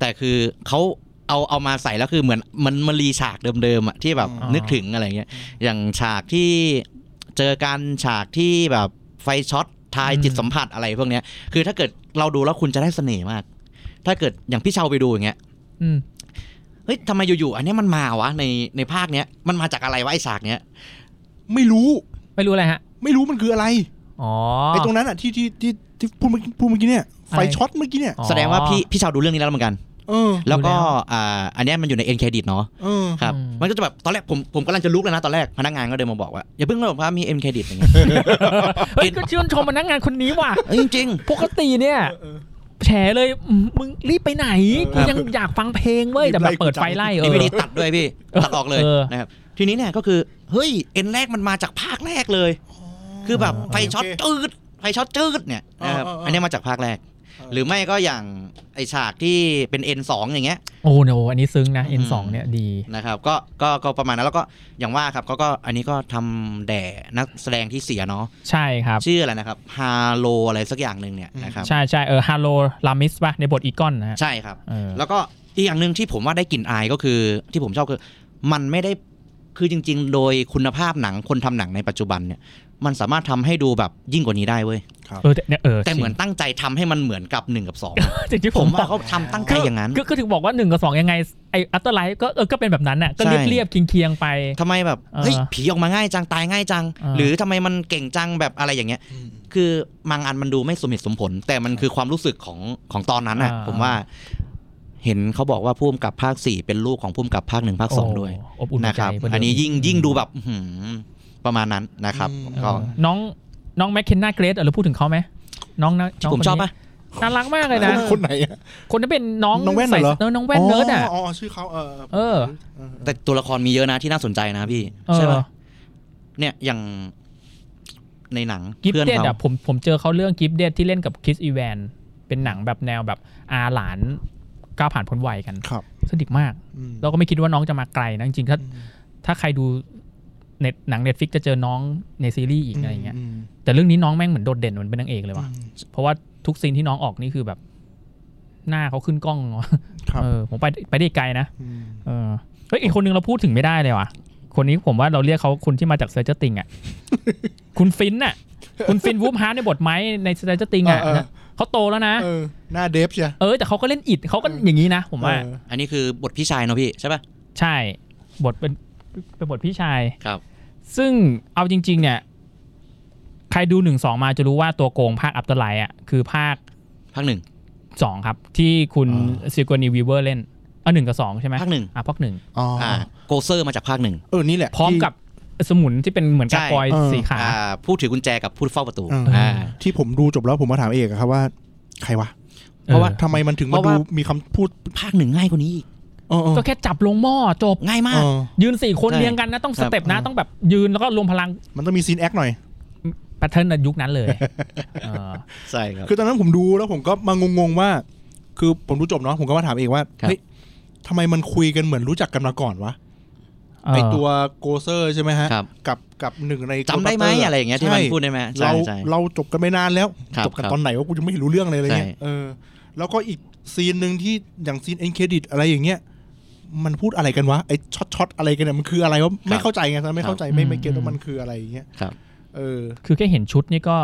Speaker 4: แต่คือเขาเอาเอามาใส่แล้วคือเหมือนมันมันรีฉากเดิมๆอะที่แบบ
Speaker 2: อ๋อ
Speaker 4: นึกถึงอะไรเงี้ยอย่างฉากที่เจอกันฉากที่แบบไฟช็อตทายจิตสัมผัสอะไรพวกเนี้ยคือถ้าเกิดเราดูแล้วคุณจะได้เสน่ห์มาก ถ้าเกิดอย่างพี่เชาไปดูอย่างเงี้ย
Speaker 2: อืม
Speaker 4: เฮ้ยทำไมอยู่ๆอันเนี้ยมันมาวะในในภาคเนี้ยมันมาจากอะไรวะไอฉากเนี้ย
Speaker 6: ไม่รู้
Speaker 2: ไม่รู้อะไรฮะ
Speaker 6: ไม่รู้มันคืออะไร
Speaker 2: อ๋อ
Speaker 6: ไอ้ตรงนั้นอ่ะที่ที่ที่ที่พูดเมื่อกี้พูดเมื่อกี้เนี่ย
Speaker 2: อะไร
Speaker 6: ไฟช็อตเมื่อกี้เนี่ย
Speaker 2: อ๋อ
Speaker 4: แสดงว่าพี่พี่เชาดูเรื่องนี้แล้วเหมือนกัน
Speaker 6: เออ
Speaker 4: แล้วก็
Speaker 2: ดูแล้ว
Speaker 4: อ่าอันเนี้ยมันอยู่ในเอ็นเครดิตเนาะ
Speaker 6: เออ
Speaker 4: ครับ
Speaker 2: อืม
Speaker 4: มันก็จะแบบตอนแรกผมผมกำลังจะลุกเลยนะตอนแรกพนักงานก็เดินมาบอกว่าอย่าเพิ่งเลยผมว่ามีเอ็มเครดิตอย่างเงี้ย
Speaker 2: เฮ้ยก็ชื่นชมพนักงานคนนี้ว่ะ
Speaker 4: เอ้ยจริง
Speaker 2: ปกติเนี่ยแฉเลยอืมมึงรีบไปไหนกูยังอยากฟังเพลงเว้ยแต่แบบเปิดไฟไล่เอ
Speaker 4: ดี
Speaker 2: อ
Speaker 4: วดีตัดด้วยพี่ตัดออกเลย
Speaker 2: เออ
Speaker 4: นะครับทีนี้เนี่ยก็คือเฮ้ยเอ็นแรกมันมาจากภาคแรกเลย คือแบบไฟช็อตจืดไฟช็อตจืดเนี่ยนะครับ
Speaker 6: เออเออเอออั
Speaker 4: อันนี้มาจากภาคแรก
Speaker 6: เออ
Speaker 4: หรือไม่ก็อย่างไอฉากที่เป็น N2 อย่างเงี้ย
Speaker 2: โอ้โหเนี่ยโอ้โหอันนี้ซึ้งนะ N2 เนี่ยดี
Speaker 4: นะครับก็ก็ก็ประมาณนั้นแล้วก็อย่างว่าครับก็ก็อันนี้ก็ทำแด่นักแสดงที่เสียเนาะ
Speaker 2: ใช่ครับ
Speaker 4: ชื่ออะไรนะครับฮาโลอะไรสักอย่างหนึ่งเนี่ยนะครับ
Speaker 2: ใช่ใช่เออฮัลโหลลามิสป่ะในบทอีกอนนะฮะ
Speaker 4: ใช่ครับ
Speaker 2: เออ
Speaker 4: แล้วก็ อีกอย่างหนึ่งที่ผมว่าได้กลิ่นอายก็คือที่ผมชอบคือ มันไม่ได้คือจริง ๆ โดยคุณภาพหนังคนทำหนังในปัจจุบันเนี่ย มันสามารถทำให้ดูแบบยิ่งกว่านี้ได้เว้ย
Speaker 2: เออแต่เนี่ยเออ
Speaker 4: แต่เหมือนตั้งใจทำให้มันเหมือนกับหนึ่งกับสอง
Speaker 2: จริงๆที่
Speaker 4: ผ
Speaker 2: ผม ม
Speaker 4: ว่า
Speaker 2: ว่า
Speaker 4: เขาทำตั้งใจอย่างนั้น
Speaker 2: ก็ก็ถึงบอกว่าหนึ่งกับสองยังไงไออัตเตอร์ไลท์ก็เออก็เป็นแบบนั้นน่ะก็
Speaker 4: ใช่
Speaker 2: เรียบเรียบๆเคียงๆไป
Speaker 4: ทำไมแบบ
Speaker 2: เออ
Speaker 4: เฮ้ยผีออกมาง่ายจังตายง่ายจัง
Speaker 2: เออ
Speaker 4: หรือทำไมมันเก่งจังแบบอะไรอย่างเงี้ย คือบางอันมันดูไม่สมเหตุสมผล แต่มันคือความรู้สึกของของตอนนั้นน่ะ
Speaker 2: อ่า
Speaker 4: ผมว่า เห็นเขาบอกว่าพุ่มกับภาคสี่เป็นลูกของพุ่มกับภาคหนึ่งภาคสองด้วย
Speaker 2: โอบอุ่น
Speaker 4: นะค
Speaker 2: ใจ
Speaker 4: รับ
Speaker 2: กว่าเดิม
Speaker 4: อันนี้ยิ่งยิ่งดูแบบอื้อหือประมาณนั้นนะครับ
Speaker 3: อืม
Speaker 4: ก็
Speaker 2: น้องน้องแมคเคนนาเกรสเออเราพูดถึงเขาไหมน้องนะ
Speaker 4: ที่ผมชอบ
Speaker 2: ไห
Speaker 4: ปะ
Speaker 2: น่ารักมากเลยนะ
Speaker 3: คนไหนอะ
Speaker 2: คนที่เป็นน้อง
Speaker 3: น้องแว่นน่ะ
Speaker 2: ใส่
Speaker 3: เหรอ
Speaker 2: เออน้องแว่นเนิร์ดอ่ะ
Speaker 3: อ๋อชื่อเขาเออ
Speaker 2: เออ
Speaker 4: แต่ตัวละครมีเยอะนะที่น่าสนใจนะพี่
Speaker 2: เออ
Speaker 4: ใช่ปะเนี่ยอย่างในหนัง
Speaker 2: กิฟ
Speaker 4: เพื่อน
Speaker 2: เดด
Speaker 4: เขา
Speaker 2: อ่ะผมผมเจอเขาเรื่องกิฟเดดที่เล่นกับคิสอีแวนเป็นหนังแบบแนวแบบอาหลานก้าวผ่านพ้นวัยกัน
Speaker 3: ครับ
Speaker 2: สนิทมาก เราก็ไม่คิดว่าน้องจะมาไกลนะจริงๆถ้าถ้าใครดูเน็ตหนังเน็ตฟิกจะเจอน้องในซีรีส์อีกอะไรอย่างเงี้ยแต่เรื่องนี้น้องแม่งเหมือนโดดเด่นเหมือนเป็นนางเอกเลยว่ะเพราะว่าทุกซีนที่น้องออกนี่คือแบบ หน้าเขาขึ้นกล้องเนอะ
Speaker 3: ครับ
Speaker 2: เออผมไปไปได้ไกลนะ เออเฮ้ยอีกคนนึงเราพูดถึงไม่ได้เลยว่ะ คนนี้ผมว่าเราเรียกเขาคนที่มาจากเซอร์เจอร์ติงอ่ะ คุณฟินน่ะ คุณฟินวูฟฮาร์ดในบทไม้ในเซอร์เจอร์ติงอ่ะ
Speaker 3: เออเออ
Speaker 2: เขาโตแล้วนะ
Speaker 3: เออหน้าเดฟใช่
Speaker 2: เออ แต่เขาก็เล่นอิดเขาก็อย่างนี้นะ ผมว่า
Speaker 4: อันนี้คือบทพี่ชายเนาะพี่ใช่ปะ
Speaker 2: ใช่ บทเป็นเป็นบทพี่ชาย
Speaker 4: ครับ
Speaker 2: ซึ่งเอาจริง ๆ เนี่ย ใครดูหนึ่งสองมาจะรู้ว่าตัวโกงภาคอัปเตอร์ไลท์อ่ะคือภาค
Speaker 4: ภาคหนึ่ง
Speaker 2: สองครับ ที่คุณซิโกนีวีเวอร์เล่นอ่ะหนึ่งกับสองใช่ไหม
Speaker 4: ภาคหนึ่ง
Speaker 2: อ่ะภาคหนึ่ง
Speaker 3: อ๋อ
Speaker 4: อ่าโกเซอร์มาจากภาคหนึ่ง
Speaker 3: เออนี่แหละ
Speaker 2: พร้อมกับสมุนที่เป็นเหมือนกระปอย
Speaker 3: ใช่เออ
Speaker 2: สีขา
Speaker 4: อ่าผู้ถือกุญแจกับผู้เฝ้าประตู
Speaker 3: เอออ่
Speaker 4: อ่า
Speaker 3: ที่ผมดูจบแล้วผมมาถามเอกอะครับว่า ใครวะ
Speaker 2: เออ
Speaker 3: เพราะว่าทำไมมันถึง
Speaker 4: เพ
Speaker 3: มา
Speaker 4: ราะ
Speaker 3: ดู
Speaker 4: ว่า
Speaker 3: มีคำพูด
Speaker 4: ภาคหนึ่งง่ายกว่านี้อีก
Speaker 3: เออเออ
Speaker 2: ก็แค่จับลงหม้อจบ
Speaker 4: ง่ายมาก
Speaker 3: เออ
Speaker 2: ยืนสี่คน
Speaker 4: ใช่
Speaker 2: เรียงกันนะ ต้องสเต็ปนะ
Speaker 3: ครับ
Speaker 2: ต้องแบบยืนแล้วก็รวมพลัง
Speaker 3: มันต้องมีซีนแอคหน่อย
Speaker 2: แพทเทิร์นยุคนั้นเลยเออ
Speaker 4: ใช่ครับ
Speaker 3: คือตอนนั้นผมดูแล้วผมก็มางงๆว่า คือผมดูจบเนาะผมก็มาถามเอกว่า
Speaker 4: ครับ
Speaker 3: เฮ้ยทำไมมันคุยกันเหมือนรู้จักกันมาก่อนวะ
Speaker 2: เออ
Speaker 3: ไอตัวโกเซอร์ใช่ไหมฮะ
Speaker 4: ครับ
Speaker 3: กับกับหนึ่งใน
Speaker 4: จำได้ไหม
Speaker 3: Ghostbuster
Speaker 4: อะไรอย่างเงี้ยที่มัน
Speaker 3: ใช่
Speaker 4: พูดได้ไหมใช่
Speaker 3: เรา
Speaker 4: ใช่
Speaker 3: เราจบกันไม่นานแล้ว
Speaker 4: ครับ
Speaker 3: จบกัน
Speaker 4: ครับ
Speaker 3: ตอนไหนวะกูยังไม่เห็นรู้เรื่องเลยอะไรเงี้ย
Speaker 4: ใช่
Speaker 3: เออแล้วก็อีกซีนหนึ่งที่อย่างซีนเอ็นเครดิตอะไรอย่างเงี้ยมันพูดอะไรกันวะไอช็อตช็อตอะไรกันเนี่ยมันคืออะไรวะไม่เข้าใจไงนะไม่เข้าใจไม่ไม่เก็ตว่ามันคืออะไรอย่างเงี้ย
Speaker 4: ครับ
Speaker 3: เออ
Speaker 2: คือแค่เห็นชุดนี่ก็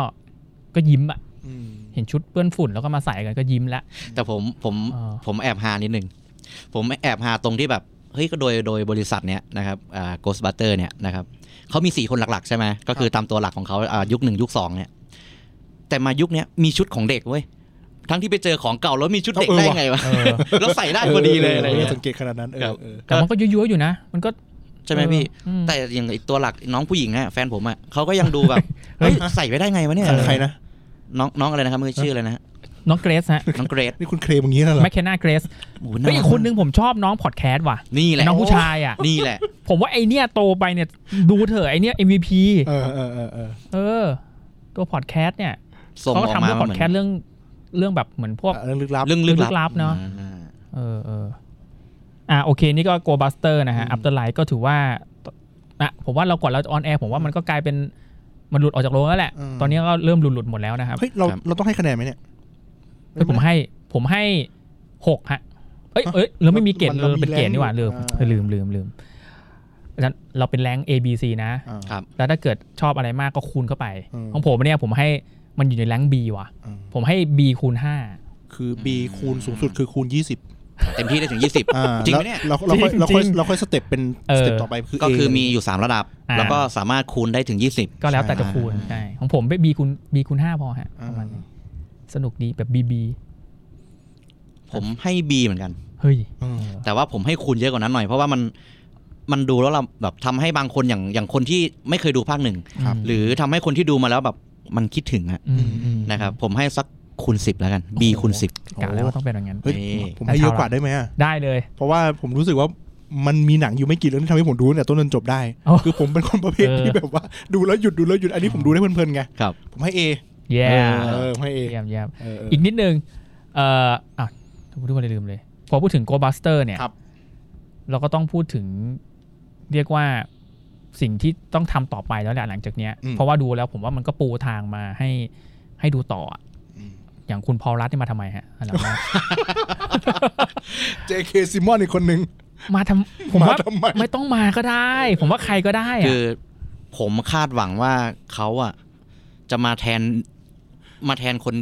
Speaker 2: ก็ยิ้มอะ
Speaker 3: อืม
Speaker 2: เห็นชุดเปื้อนฝุ่นแล้วก็มาใส่กันก็ยิ้มละ
Speaker 4: แต่ผมผม
Speaker 2: เออ
Speaker 4: ผมแอบหานิดนึง ผมแอบหาตรงที่แบบ เฮ้ยก็โดยโดยบริษัทเนี้ยนะครับอ่า Ghostbuster เนี่ยนะครับเขามี 4 คนหลักๆ ใช่ไหมก็คือตามตัวหลักของเขาอ่ายุคหนึ่งยุคสองเนี่ย แต่มายุคเนี้ยมีชุดของเด็กเว้ย ทั้งที่ไปเจอของเก่าแล้วมีชุดเด็กได้ไงวะ
Speaker 2: เออ
Speaker 4: แล้วใส่ได้พอดีเลยอะไรเงี้ย
Speaker 3: สังเกตขนาดนั้นเอ
Speaker 4: ครั
Speaker 3: อบ เออ
Speaker 2: แต่มันก็ยั่วๆอยู่นะ มันก็
Speaker 4: ใช่ไหมพี่
Speaker 2: เออ
Speaker 4: แต่อย่างไอตัวหลักน้องผู้หญิงอะแฟนผมอะเขาก็ยังดูแบบ เฮ้ยใส่ไปได้ไงวะเนี่ย
Speaker 3: ใครนะ
Speaker 4: น้องน้องอะไรนะครับมือชื่ออะไรนะฮะ
Speaker 2: น้องเกรซฮะ
Speaker 4: น้องเกรด
Speaker 3: นี่คุณเคลมอย่างงี้น่ะเหรอ
Speaker 2: แมคเคนนาเกรซ
Speaker 4: โอ้โห
Speaker 2: เฮ้ยอีกคนนึงผมชอบน้องพอดแคสต์ว่ะ
Speaker 4: นี่แหละ
Speaker 2: น้องผู้ชายอ่ะ
Speaker 4: นี่แหละ
Speaker 2: ผมว่าไอเนี้ยโตไปเนี่ยดูเถอะไอเนี้ย MVP
Speaker 3: เออเออเออเออ
Speaker 2: เออ ตัวพอดแคสต์เนี่ย
Speaker 4: ส่ง
Speaker 2: เขา
Speaker 4: อ
Speaker 2: ก็
Speaker 4: อก
Speaker 2: ทำ
Speaker 4: มา
Speaker 2: เรื่องพอด
Speaker 4: เหมื
Speaker 2: แคน สต์เรื่องเรื่องแบบเหมือนพวก
Speaker 3: เรื่องลึกลับ
Speaker 4: เรื่องลึก
Speaker 2: ลึกลั
Speaker 4: ลั
Speaker 2: บบ เนอะ
Speaker 4: อ่า
Speaker 2: เออเอออ่ะโอเคนี่ก็ Go Buster นะฮะ
Speaker 3: อืม
Speaker 2: After Light ก็ถือว่าอ่ะผมว่าเราก่อนเราออนแอร์ผมว่ามันก็กลายเป็น มันหลุดออกจากโรงแล้วแหละ
Speaker 3: อืม
Speaker 2: ตอนนี้ก็เริ่มหลุดหลุดๆหมดแล้วนะครับ
Speaker 3: เฮ้ยเราเราต้องให้คะแนนไหมเนี่ย
Speaker 2: เฮ้ยผมให้ผมให้หกฮะ เอ้ยเอ้ยเราไม่มีเกรด
Speaker 3: มัน
Speaker 2: เราเป็นเกรด
Speaker 3: มันมี
Speaker 2: นี่หว่า
Speaker 3: แรง
Speaker 2: ลืม
Speaker 3: อ่า
Speaker 2: เออลืมลืมลืมฉะนั้นเราเป็นแรง A B C นะ
Speaker 3: อ่า
Speaker 2: แล้วถ้าเกิดชอบอะไรมากก็คูณเข้าไป
Speaker 3: อืม
Speaker 2: ของผมเนี่ยผมให้มันอยู่ในแรง B ว่ะ
Speaker 3: อ่า
Speaker 2: ผมให้ B คูณห้า
Speaker 3: คือ B คูณสูงสุดคือคูณ 20
Speaker 4: เต็มที่ได้ถึง 20
Speaker 3: อ่า
Speaker 4: จริงไหมเนี่ย
Speaker 3: แล้วเราเราค่อย
Speaker 2: จริง
Speaker 3: เราค่อย
Speaker 2: จริง
Speaker 3: เราค่อยสเต็ปเป็น
Speaker 2: เออ
Speaker 3: สเต็ปต่อไปคือ
Speaker 4: ก็คือ
Speaker 3: A
Speaker 4: มีอยู่ 3 ระดับ
Speaker 2: อ่า
Speaker 4: แล้วก็สามารถคูณได้ถึง 20
Speaker 2: ก็แล้วแต่
Speaker 3: ใช่
Speaker 2: จะคูณใช่ของผมไป B คูณ B คูณห้าพอฮะ
Speaker 3: อ่า
Speaker 2: ประมาณนี้ สนุกดีแบบบีบี
Speaker 4: ผมให้ B เหมือนกัน
Speaker 2: เฮ้ย
Speaker 3: อืม
Speaker 4: แต่ว่าผมให้คูณเยอะกว่านั้นหน่อย เพราะว่ามันมันดูแล้วเราแบบทำให้บางคนอย่างอย่างคนที่ไม่เคยดูภาคหนึ่ง
Speaker 2: ครับ
Speaker 4: หรือทำให้คนที่ดูมาแล้วแบบมันคิดถึงอะ
Speaker 2: อืมอืม
Speaker 4: นะครับผมให้สักคูณ 10 แล้วกัน B คูณ 10
Speaker 2: กะแล้วว่าต้องเป็นอย่างนั้น
Speaker 3: เฮ้ย
Speaker 4: นี่
Speaker 3: ผมให้เยอะกว่าได้ไหมอะ
Speaker 2: ได้เลย
Speaker 3: เพราะว่าผมรู้สึกว่ามันมีหนังอยู่ไม่กี่เรื่องที่ทำให้ผมดูตั้งแต่ต้นจนจบได้
Speaker 2: โอ้
Speaker 3: คือผมเป็นคนประเภท
Speaker 2: เออ
Speaker 3: ที่แบบว่าดูแล้วหยุดดูแล้วหยุดอันนี้ผมดูได้เพลินๆไง
Speaker 4: ครับ
Speaker 3: ผมให้ A
Speaker 2: เย่
Speaker 3: เออผมให้ A
Speaker 2: เยี่ยมเยี่ยม
Speaker 3: เออเอออ
Speaker 2: อีกนิดนึง เอ่ออ่ะทุกคนเลยลืมเลย พอพูดถึงโกบัสเตอร์เนี่ย
Speaker 3: ครับ
Speaker 2: เราก็ต้องพูดถึง เรียกว่าสิ่งที่ต้องทำต่อไปแล้วแหละหลังจากเนี้ย
Speaker 3: อืม
Speaker 2: เพราะว่าดูแล้วผมว่ามันก็ปูทางมาให้ให้ดูต่ออะ อย่างคุณพอลรัตน์นี่มาทำไมฮะอันดับแรก
Speaker 3: JK ซิมอนอีกคนนึง
Speaker 2: มาทำผมว่า
Speaker 3: มาทำไม
Speaker 2: ไม่ต้องมาก็ได้ ผมว่าใครก็ได้อะ
Speaker 4: คือผมคาดหวังว่าเขาอะจะมาแทนมาแทนคน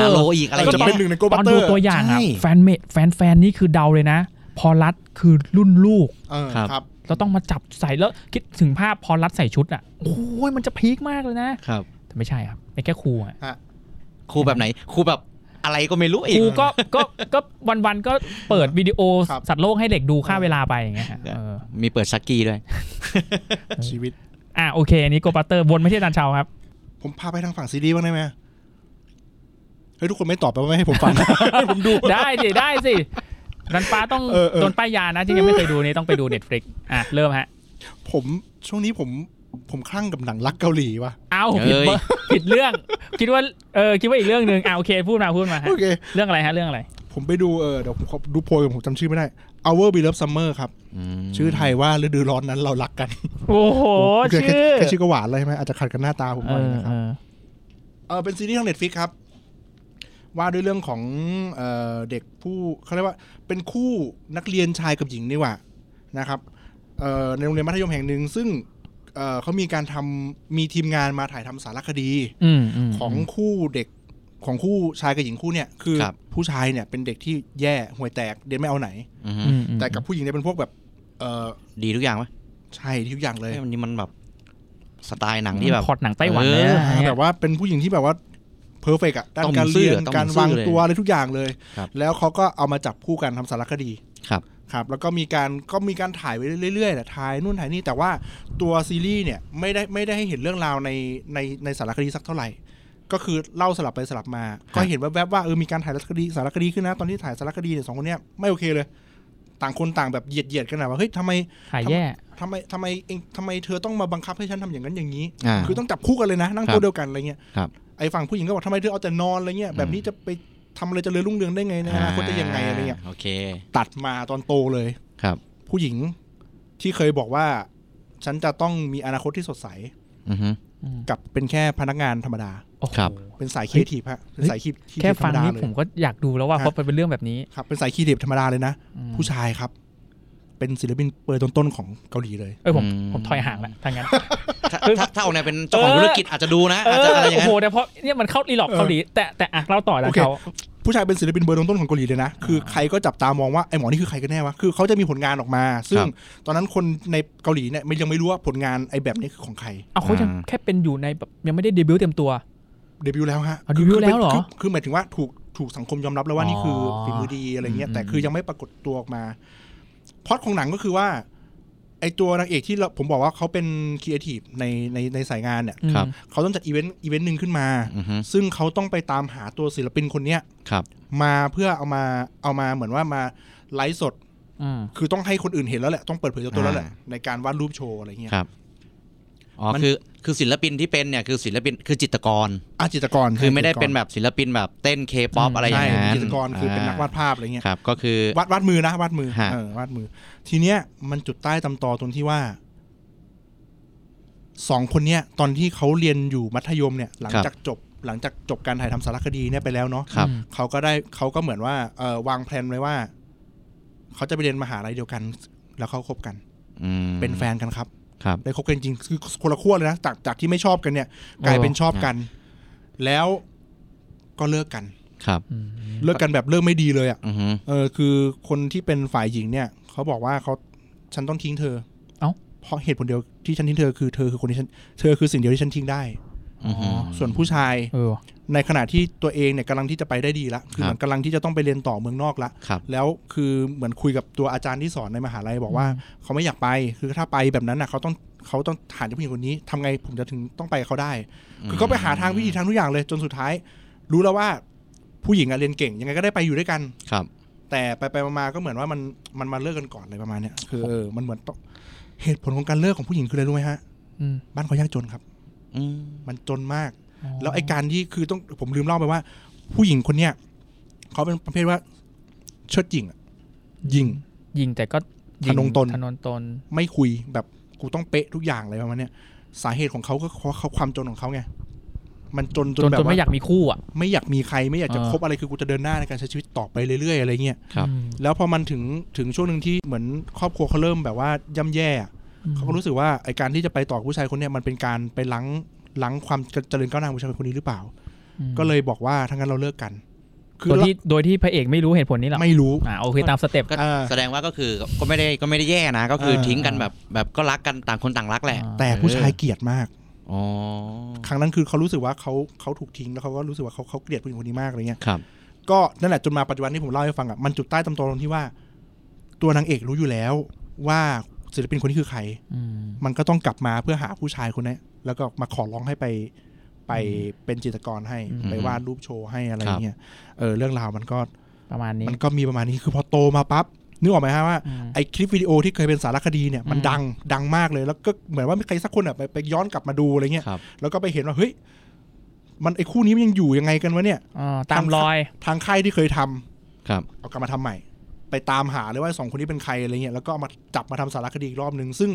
Speaker 4: ฮาโลอีกอะไรอ
Speaker 3: จะ
Speaker 4: ย่าง
Speaker 3: เป็นหนึ่
Speaker 4: เงี้ย
Speaker 3: งในโก
Speaker 2: ต
Speaker 3: บัต
Speaker 2: อน
Speaker 3: เตอ
Speaker 2: ดู
Speaker 3: ร์
Speaker 2: ตัวอย่างอะ
Speaker 4: ใช่
Speaker 2: แฟนเมดแฟนแฟนนี่คือเดาเลยนะ พอลรัตน์คือรุ่นลูก
Speaker 3: เออ
Speaker 4: ครับ
Speaker 3: ครับ
Speaker 2: เราต้องมาจับใส่แล้วคิดถึงภาพพอลรัดใส่ชุดอ่ะโอ้ยมันจะพีคมากเลยนะ
Speaker 4: ครับ
Speaker 2: แต่ไม่ใช่ครับเป็นแค่ครูอ่ะ
Speaker 4: ครูแบบไหนครูแบบอะไรก็ไม่รู้อี
Speaker 2: ค
Speaker 4: ก
Speaker 2: รูก็ก็ก็วันวันๆก็เปิดวิดีโอ
Speaker 3: ครับ
Speaker 2: สัตว์โลกให้เด็กดูค่าเวลาไปอย่างเงี้ยฮะ
Speaker 4: เออ
Speaker 2: เออ
Speaker 4: มีเปิดชักกี้ด้วย
Speaker 3: ชีวิต
Speaker 2: อ่ะโอเคอันนี้โกบัตเตอร์วนไม่ใช่ดันเชาครับ
Speaker 3: ผมพาไปทางฝั่งซีดีส์บ้างได้ไหมเฮ้ยทุกคนไม่ตอบไปว่าไม่ให้ผมฟัง ให้ผมดู
Speaker 2: ได้สิ ได้สิดันป้าต้อง
Speaker 3: เออเออ
Speaker 2: โดนป้ายยานะที่ยังไม่เคยดูนี่ต้องไปดู Netflix อ่ะเริ่มฮะ
Speaker 3: ผมช่วงนี้ผมผมคลั่งกับหนังรักเกาหลีว่ะ
Speaker 2: เอาผิดเบอร์ ผิดเรื่อง คิดว่าเออคิดว่าอีกเรื่องหนึ่งอ่ะโอเคพูดมาพูดมาฮะ
Speaker 3: โอเค
Speaker 2: เรื่องอะไรฮะเรื่องอะไร
Speaker 3: ผมไปดูเออเดี๋ยวผมขอดูโพยผมจำชื่อไม่ได้ Our Beloved Summer ครับ ชื่อไทยว่าฤดูร้อนนั้นเรารักกัน
Speaker 2: โอ้โห
Speaker 3: แค่แค่
Speaker 2: ชื่อ
Speaker 3: แค่ชื่อก็หวานเลยใช่ไหมอาจจะขัดกันหน้าตาผมห
Speaker 2: เออ
Speaker 3: น่อยนะ
Speaker 2: เอ
Speaker 3: ครับ
Speaker 2: อ
Speaker 3: เออเป็นซีรีส์ทางเน็ตฟิกครับ ว่าด้วยเรื่องของเออเด็กผู้เขาเรียกว่าเป็นคู่นักเรียนชายกับหญิงนี่หว่านะครับเออในโรงเรียนมัธยมแห่งหนึ่งซึ่งเออเขามีการทำมีทีมงานมาถ่ายทำสารคดี
Speaker 2: อืมอืม
Speaker 3: ของคู่เด็กของคู่ชายกับหญิงคู่เนี่ยคือ
Speaker 4: ครับ
Speaker 3: ผู้ชายเนี่ยเป็นเด็กที่แย่ห่วยแตกเรียนไม่เอาไหน
Speaker 4: อือฮึ
Speaker 2: อืมอืม
Speaker 3: แต่กับผู้หญิงเนี่ยเป็นพวกแบบเออ
Speaker 4: ดีทุกอย่างปะ
Speaker 3: ใช่ทุกอย่างเลย
Speaker 4: เฮ้ยวันนี้มันแบบสไตล์หนังที่แบบ
Speaker 2: พล็อตหนังไต้หวันเลยนะ
Speaker 4: เออ
Speaker 2: เนี่ย
Speaker 3: แบบว่าเป็นผู้หญิงที่แบบว่าเพอร์เฟกอะด้า
Speaker 4: ต้อน ง
Speaker 3: การเรียน
Speaker 4: ซื่อต้อง
Speaker 3: การ
Speaker 4: ซื่
Speaker 3: วาง
Speaker 4: อเลย
Speaker 3: ตัวอะไรทุกอย่างเลย
Speaker 4: ครับ
Speaker 3: แล้วเขาก็เอามาจับคู่กันทำสารคดี
Speaker 4: ครับ
Speaker 3: ครับ แล้วก็มีการก็มีการถ่ายไปเรื่อยๆแหละถ่ายนู่นถ่ายนี่แต่ว่าตัวซีรีส์เนี่ยไม่ได้ไม่ได้ให้เห็นเรื่องราวในในในสารคดีสักเท่าไหร่ ก็คือเล่าสลับไปสลับมา
Speaker 4: ครับ
Speaker 3: ก็เห็นแวบๆว่าเออมีการถ่ายสารคดีสารคดีขึ้นนะ ตอนที่ถ่ายสารคดีเนี่ยสองคนเนี้ยไม่โอเคเลย ต่างคนต่างแบบเหยียดเหยียดๆกันนะว่าเฮ้ยทำไม
Speaker 2: ถ่ายแย่
Speaker 3: ทำไมทำไมเองทำไมเธอต้องมาบังคับให้ฉันทำอย่างนั้นอย่างนี้
Speaker 4: อ่า
Speaker 3: คือต้องจับคู่กันเลยนะ นั่ง
Speaker 4: ครับ
Speaker 3: โต๊ะเดียวกันอะไรเงี้ย
Speaker 4: ครับ
Speaker 3: ไอ้ฝั่งผู้หญิงก็บอกทำไมเธอเอาแต่นอนอะไรเงี้ยแบบนี้
Speaker 4: อืม
Speaker 3: จะไปทำอะไรเจะเลยรุ่งเรืองได้ไงในอนาคตจะยังไงอะไรเงี้ย
Speaker 4: โอเค
Speaker 3: ตัดมาตอนโตเลย
Speaker 4: ครับ
Speaker 3: ผู้หญิงที่เคยบอกว่า ฉันจะต้องมีอนาคตที่สดใส
Speaker 4: อือฮึ
Speaker 3: กับเป็นแค่พนักงานธรรมดา
Speaker 2: โอ้โห
Speaker 4: ครับ
Speaker 3: เป็นสายค
Speaker 2: เฮ้
Speaker 3: รี
Speaker 2: ย
Speaker 3: เอทีฟฮะเป็นสายครีเอทีฟ
Speaker 2: แค่
Speaker 3: ธร
Speaker 2: ฟัง
Speaker 3: รมดา
Speaker 2: นี้
Speaker 3: เล
Speaker 2: ผม
Speaker 3: ย
Speaker 2: ก็อยากดูแล้วว่า
Speaker 3: ฮะ
Speaker 2: เพราะเป็นเรื่องแบบนี้
Speaker 3: ครับเป็นสายครีเอทีฟธรรมดาเลยนะ
Speaker 2: อืม
Speaker 3: ผู้ชายครับ เป็นศิลปินเปิดต้นๆของเกาหลีเลย
Speaker 2: เออผม
Speaker 4: อืม
Speaker 2: ผมถอยห่างละทางนั้น
Speaker 4: ถ้า
Speaker 2: เออ
Speaker 4: ถ้าถ้าออกแนวเป็นเจ้าของธุรกิจอาจจะดูนะ
Speaker 2: เอ
Speaker 4: อาจ
Speaker 2: อ
Speaker 4: จะอะไรอย่าง
Speaker 2: โอ้โห
Speaker 4: เงี้ย
Speaker 2: แต่เพราะเนี่ยมันเข้ารีหลอกเกาหลีแต่แต่อ่ะเราต่อแล้ว
Speaker 3: โอเค
Speaker 2: เขา
Speaker 3: ผู้ชายเป็นศิลปินเบอร์ต้นๆของเกาหลีเลยนะ คือใครก็จับตามองว่าไอหมอนี่คือใครกันแน่วะ คือเขาจะมีผลงานออกมา ซึ่ง
Speaker 4: ครับ
Speaker 3: ตอนนั้นคนในเกาหลีเนี่ยมันยังไม่รู้ว่าผลงานไอแบบนี้คือของใคร
Speaker 2: เอาเขายัง
Speaker 4: อ่า
Speaker 2: แค่เป็นอยู่ในแบบยังไม่ได้เดบิวต์เต็มตัว
Speaker 3: เดบิวต์แล้วฮะ
Speaker 2: อ๋อเดบิวต์
Speaker 3: คืป็น
Speaker 2: แล้วเหรอ
Speaker 3: คืคือหมายถึงว่าถูกถูกสังคมยอมรับแล้วว่านี่คืออ
Speaker 2: อ
Speaker 3: ฝีมือดีอะไรเงี้ย
Speaker 2: อืม
Speaker 3: แต่คือยังไม่ปรากฏตัวออกมาพล็อตของหนังก็คือว่า ไอตัวนางเอกที่เราผมบอกว่าเขาเป็นครีเอทีฟในในในสายงานเนี่ย
Speaker 2: อืม
Speaker 4: ครับ
Speaker 3: เขาต้องจัดอีเวนต์อีเวนต์หนึ่งขึ้นมา
Speaker 4: อือฮึ
Speaker 3: ซึ่งเขาต้องไปตามหาตัวศิลปินคนเนี้ย
Speaker 4: ครับ
Speaker 3: มาเพื่อเอามาเอามาเหมือนว่ามาไลฟ์สด
Speaker 2: อืม
Speaker 3: คือต้องให้คนอื่นเห็นแล้วแหละ ต้องเปิดเผยตัวตนแล้วแหละ ในการวาดรูปโชว์อะไรเงี้ย
Speaker 4: ครับอ๋อ
Speaker 3: มัน
Speaker 4: คือคือศิลปินที่เป็นเนี่ยคือศิลปินคือจิตรกร
Speaker 3: อาจิตรกร
Speaker 4: คือไม่ได้
Speaker 3: จิตรกร
Speaker 4: เป็นแบบศิลปินแบบเต้นเคป๊อปอะไรอย่า
Speaker 3: ใช่
Speaker 4: งนั้น
Speaker 3: จิตรกรคือเป็นนักวาดภาพอะไรเงี้ย
Speaker 4: ครับ ก็คือ
Speaker 3: วาดวาดมือนะวาดมือ
Speaker 4: ฮะ
Speaker 3: เออวาดมือ ทีเนี้ยมันจุดใต้ตำตอตรงที่ว่าสองคนเนี้ยตอนที่เขาเรียนอยู่มัธยมเนี่ย หลังจากจบ หลังจากจบการถ่ายทำสารคดีเนี่ยไปแล้วเนาะ
Speaker 4: ครับ
Speaker 3: เขาก็ได้เขาก็เหมือนว่าเออวางแผนไว้ว่าเขาจะไปเรียนมหาลัยเดียวกัน แล้วเขาคบกัน
Speaker 4: อืม
Speaker 3: เป็นแฟนกันครับ
Speaker 4: ครับ
Speaker 3: ได้คบกันจริงคือคนละขั้วเลยนะจากจากที่ไม่ชอบกันเนี่ย กลายเป็นชอบกัน แล้วก็เลิกกัน
Speaker 4: ครับ
Speaker 2: อืม
Speaker 3: เลิกกันแบบเลิกไม่ดีเลยอ่ะ
Speaker 4: อือฮึ
Speaker 3: เออคือคนที่เป็นฝ่ายหญิงเนี่ย เขาบอกว่าเขาฉันต้องทิ้งเธอเพราะเหตุผลเดียวที่ฉันทิ้งเธอคือเธอคือคนที่ฉันเธอคือสิ่งเดียวที่ฉันทิ้งได้
Speaker 4: อือฮึ
Speaker 3: ส่วนผู้ชาย
Speaker 2: เออ
Speaker 3: ในขณะที่ตัวเองเนี่ยกำลังที่จะไปได้ดีละคือ
Speaker 4: ครับ
Speaker 3: เหมือนกำลังที่จะต้องไปเรียนต่อเมืองนอกละ
Speaker 4: ครับ
Speaker 3: แล้วคือเหมือนคุยกับตัวอาจารย์ที่สอนในมหาลัยบอกว่าเขาไม่อยากไปคือถ้าไปแบบนั้นน่ะเขาต้องเขาต้องหาเจ้าผู้หญิงคนนี้ทำไงผมจะถึงต้องไปกับเขาได้ คือเขาไปหาทางวิธีทางทุกอย่างเลยจนสุดท้าย รู้แล้วว่าผู้หญิงอะเรียนเก่ง ยังไงก็ได้ไปอยู่ด้วยกัน
Speaker 4: ครับ
Speaker 3: แต่ไปไปมาๆก็เหมือนว่ามันมันมาเลิกกันก่อนอะไรประมาณเนี้ยคือเออมันเหมือนต้องเหตุผลของการเลิกของผู้หญิงคืออะไรรู้ไหมฮะ
Speaker 2: อืม
Speaker 3: บ้านเขายากจนครับ
Speaker 4: อืม
Speaker 3: มันจนมาก แล้วไอการที่คือต้องผมลืมเล่าไปว่า ผู้หญิงคนเนี้ยเขาเป็นประเภทว่าเชิดหญิงอะหญิง
Speaker 2: ยิงแต่ก็ยิ
Speaker 3: ทะนงตน
Speaker 2: ทะนงตน
Speaker 3: ไม่คุยแบบกูต้องเป๊ะทุกอย่างอะไรประมาณเนี้ยสาเหตุของเขาก็เพราะเขาความจนของเขาไง มันจนจ
Speaker 2: จ
Speaker 3: น
Speaker 2: น
Speaker 3: แบ
Speaker 2: จ
Speaker 3: บ
Speaker 2: น
Speaker 3: ว่า
Speaker 2: ไม่อยากมีคู่อ่ะ
Speaker 3: ไม่อยากมีใครไม่อยากจะ
Speaker 2: เออ
Speaker 3: คบอะไรคือกูจะเดินหน้าในการใช้ชีวิตต่อไปเรื่อยๆอะไรเงี้ย
Speaker 4: ครับ
Speaker 2: อืม
Speaker 3: แล้วพอมันถึงถึงช่วงหนึ่งที่เหมือนครอบครัวเขาเริ่มแบบว่าย่ำแย่อะเขาก็รู้สึกว่าไอการที่จะไปต่อกับผู้ชายคนเนี้ยมันเป็นการไปล้างล้างความเจริญก้าวหน้าของผู้ชายคนนี้หรือเปล่า
Speaker 2: อืม
Speaker 3: ก็เลยบอกว่าทั้างนั้นเราเลิกกัน คือ
Speaker 2: โดยที่โดยที่พระเอกไม่รู้เหตุผลนี้หรอก
Speaker 3: ไม่รู้
Speaker 2: อ่าโอเคตามสเต็ป
Speaker 4: ก็
Speaker 3: อ่า
Speaker 4: แสดงว่าก็คือก็ไม่ได้ก็ไม่ได้แย่นะ ก็คือ
Speaker 3: เออ
Speaker 4: ทิ้งกันแบบแบบก็รักกันต่างคนต่างรักแหละ
Speaker 2: อ่า
Speaker 3: แต่ผู้ชายเกลียดมาก
Speaker 4: อ๋อ
Speaker 3: ครั้งนั้นคือเขารู้สึกว่าเขาเขาถูกทิ้งแล้วเขาก็รู้สึกว่าเขาเขาเกลียดผู้หญิงคนนี้มากอะไรเงี้ย
Speaker 4: ครับ
Speaker 3: ก็นั่นแหละจนมาปัจจุบันที่ผมเล่าให้ฟังอ่ะมันจุดใต้ตำตอตรงที่ว่า ตัวนางเอกรู้อยู่แล้วว่าศิลปินคนนี้คือใคร
Speaker 2: อืม
Speaker 3: มันก็ต้องกลับมาเพื่อหาผู้ชายคนนี้แล้วก็มาขอร้องให้ไป ไปเป็นจิตรกรให้
Speaker 4: อืม
Speaker 3: ไปวาดรูปโชว์ให้อะไร
Speaker 4: ครับ
Speaker 3: เงี้ยเออเรื่องราวมันก็
Speaker 2: ประมาณนี้
Speaker 3: มันก็มีประมาณนี้คือพอโตมาปั๊บนึกออกไหมฮะว่า
Speaker 2: อืม
Speaker 3: ไอคลิปวิดีโอที่เคยเป็นสารคดีเนี่ยมัน
Speaker 2: อืม
Speaker 3: ดังดังมากเลยแล้วก็เหมือนว่ามีใครสักคนอ่ะไปไปย้อนกลับมาดูอะไรเงี้ย
Speaker 4: ครับ
Speaker 3: แล้วก็ไปเห็นว่าเฮ้ยมันไอคู่นี้มันยังอยู่ยังไงกันวะเนี่ย
Speaker 2: อ่าตามรอย
Speaker 3: ทางค่ายที่เคยทำ
Speaker 4: ครับ
Speaker 3: เอากลับมาทำใหม่ ไปตามหาเลยว่าสองคนนี้เป็นใครอะไรเงี้ยแล้วก็เอามาจับมาทำสารคดีอีกรอบหนึ่งซึ่ง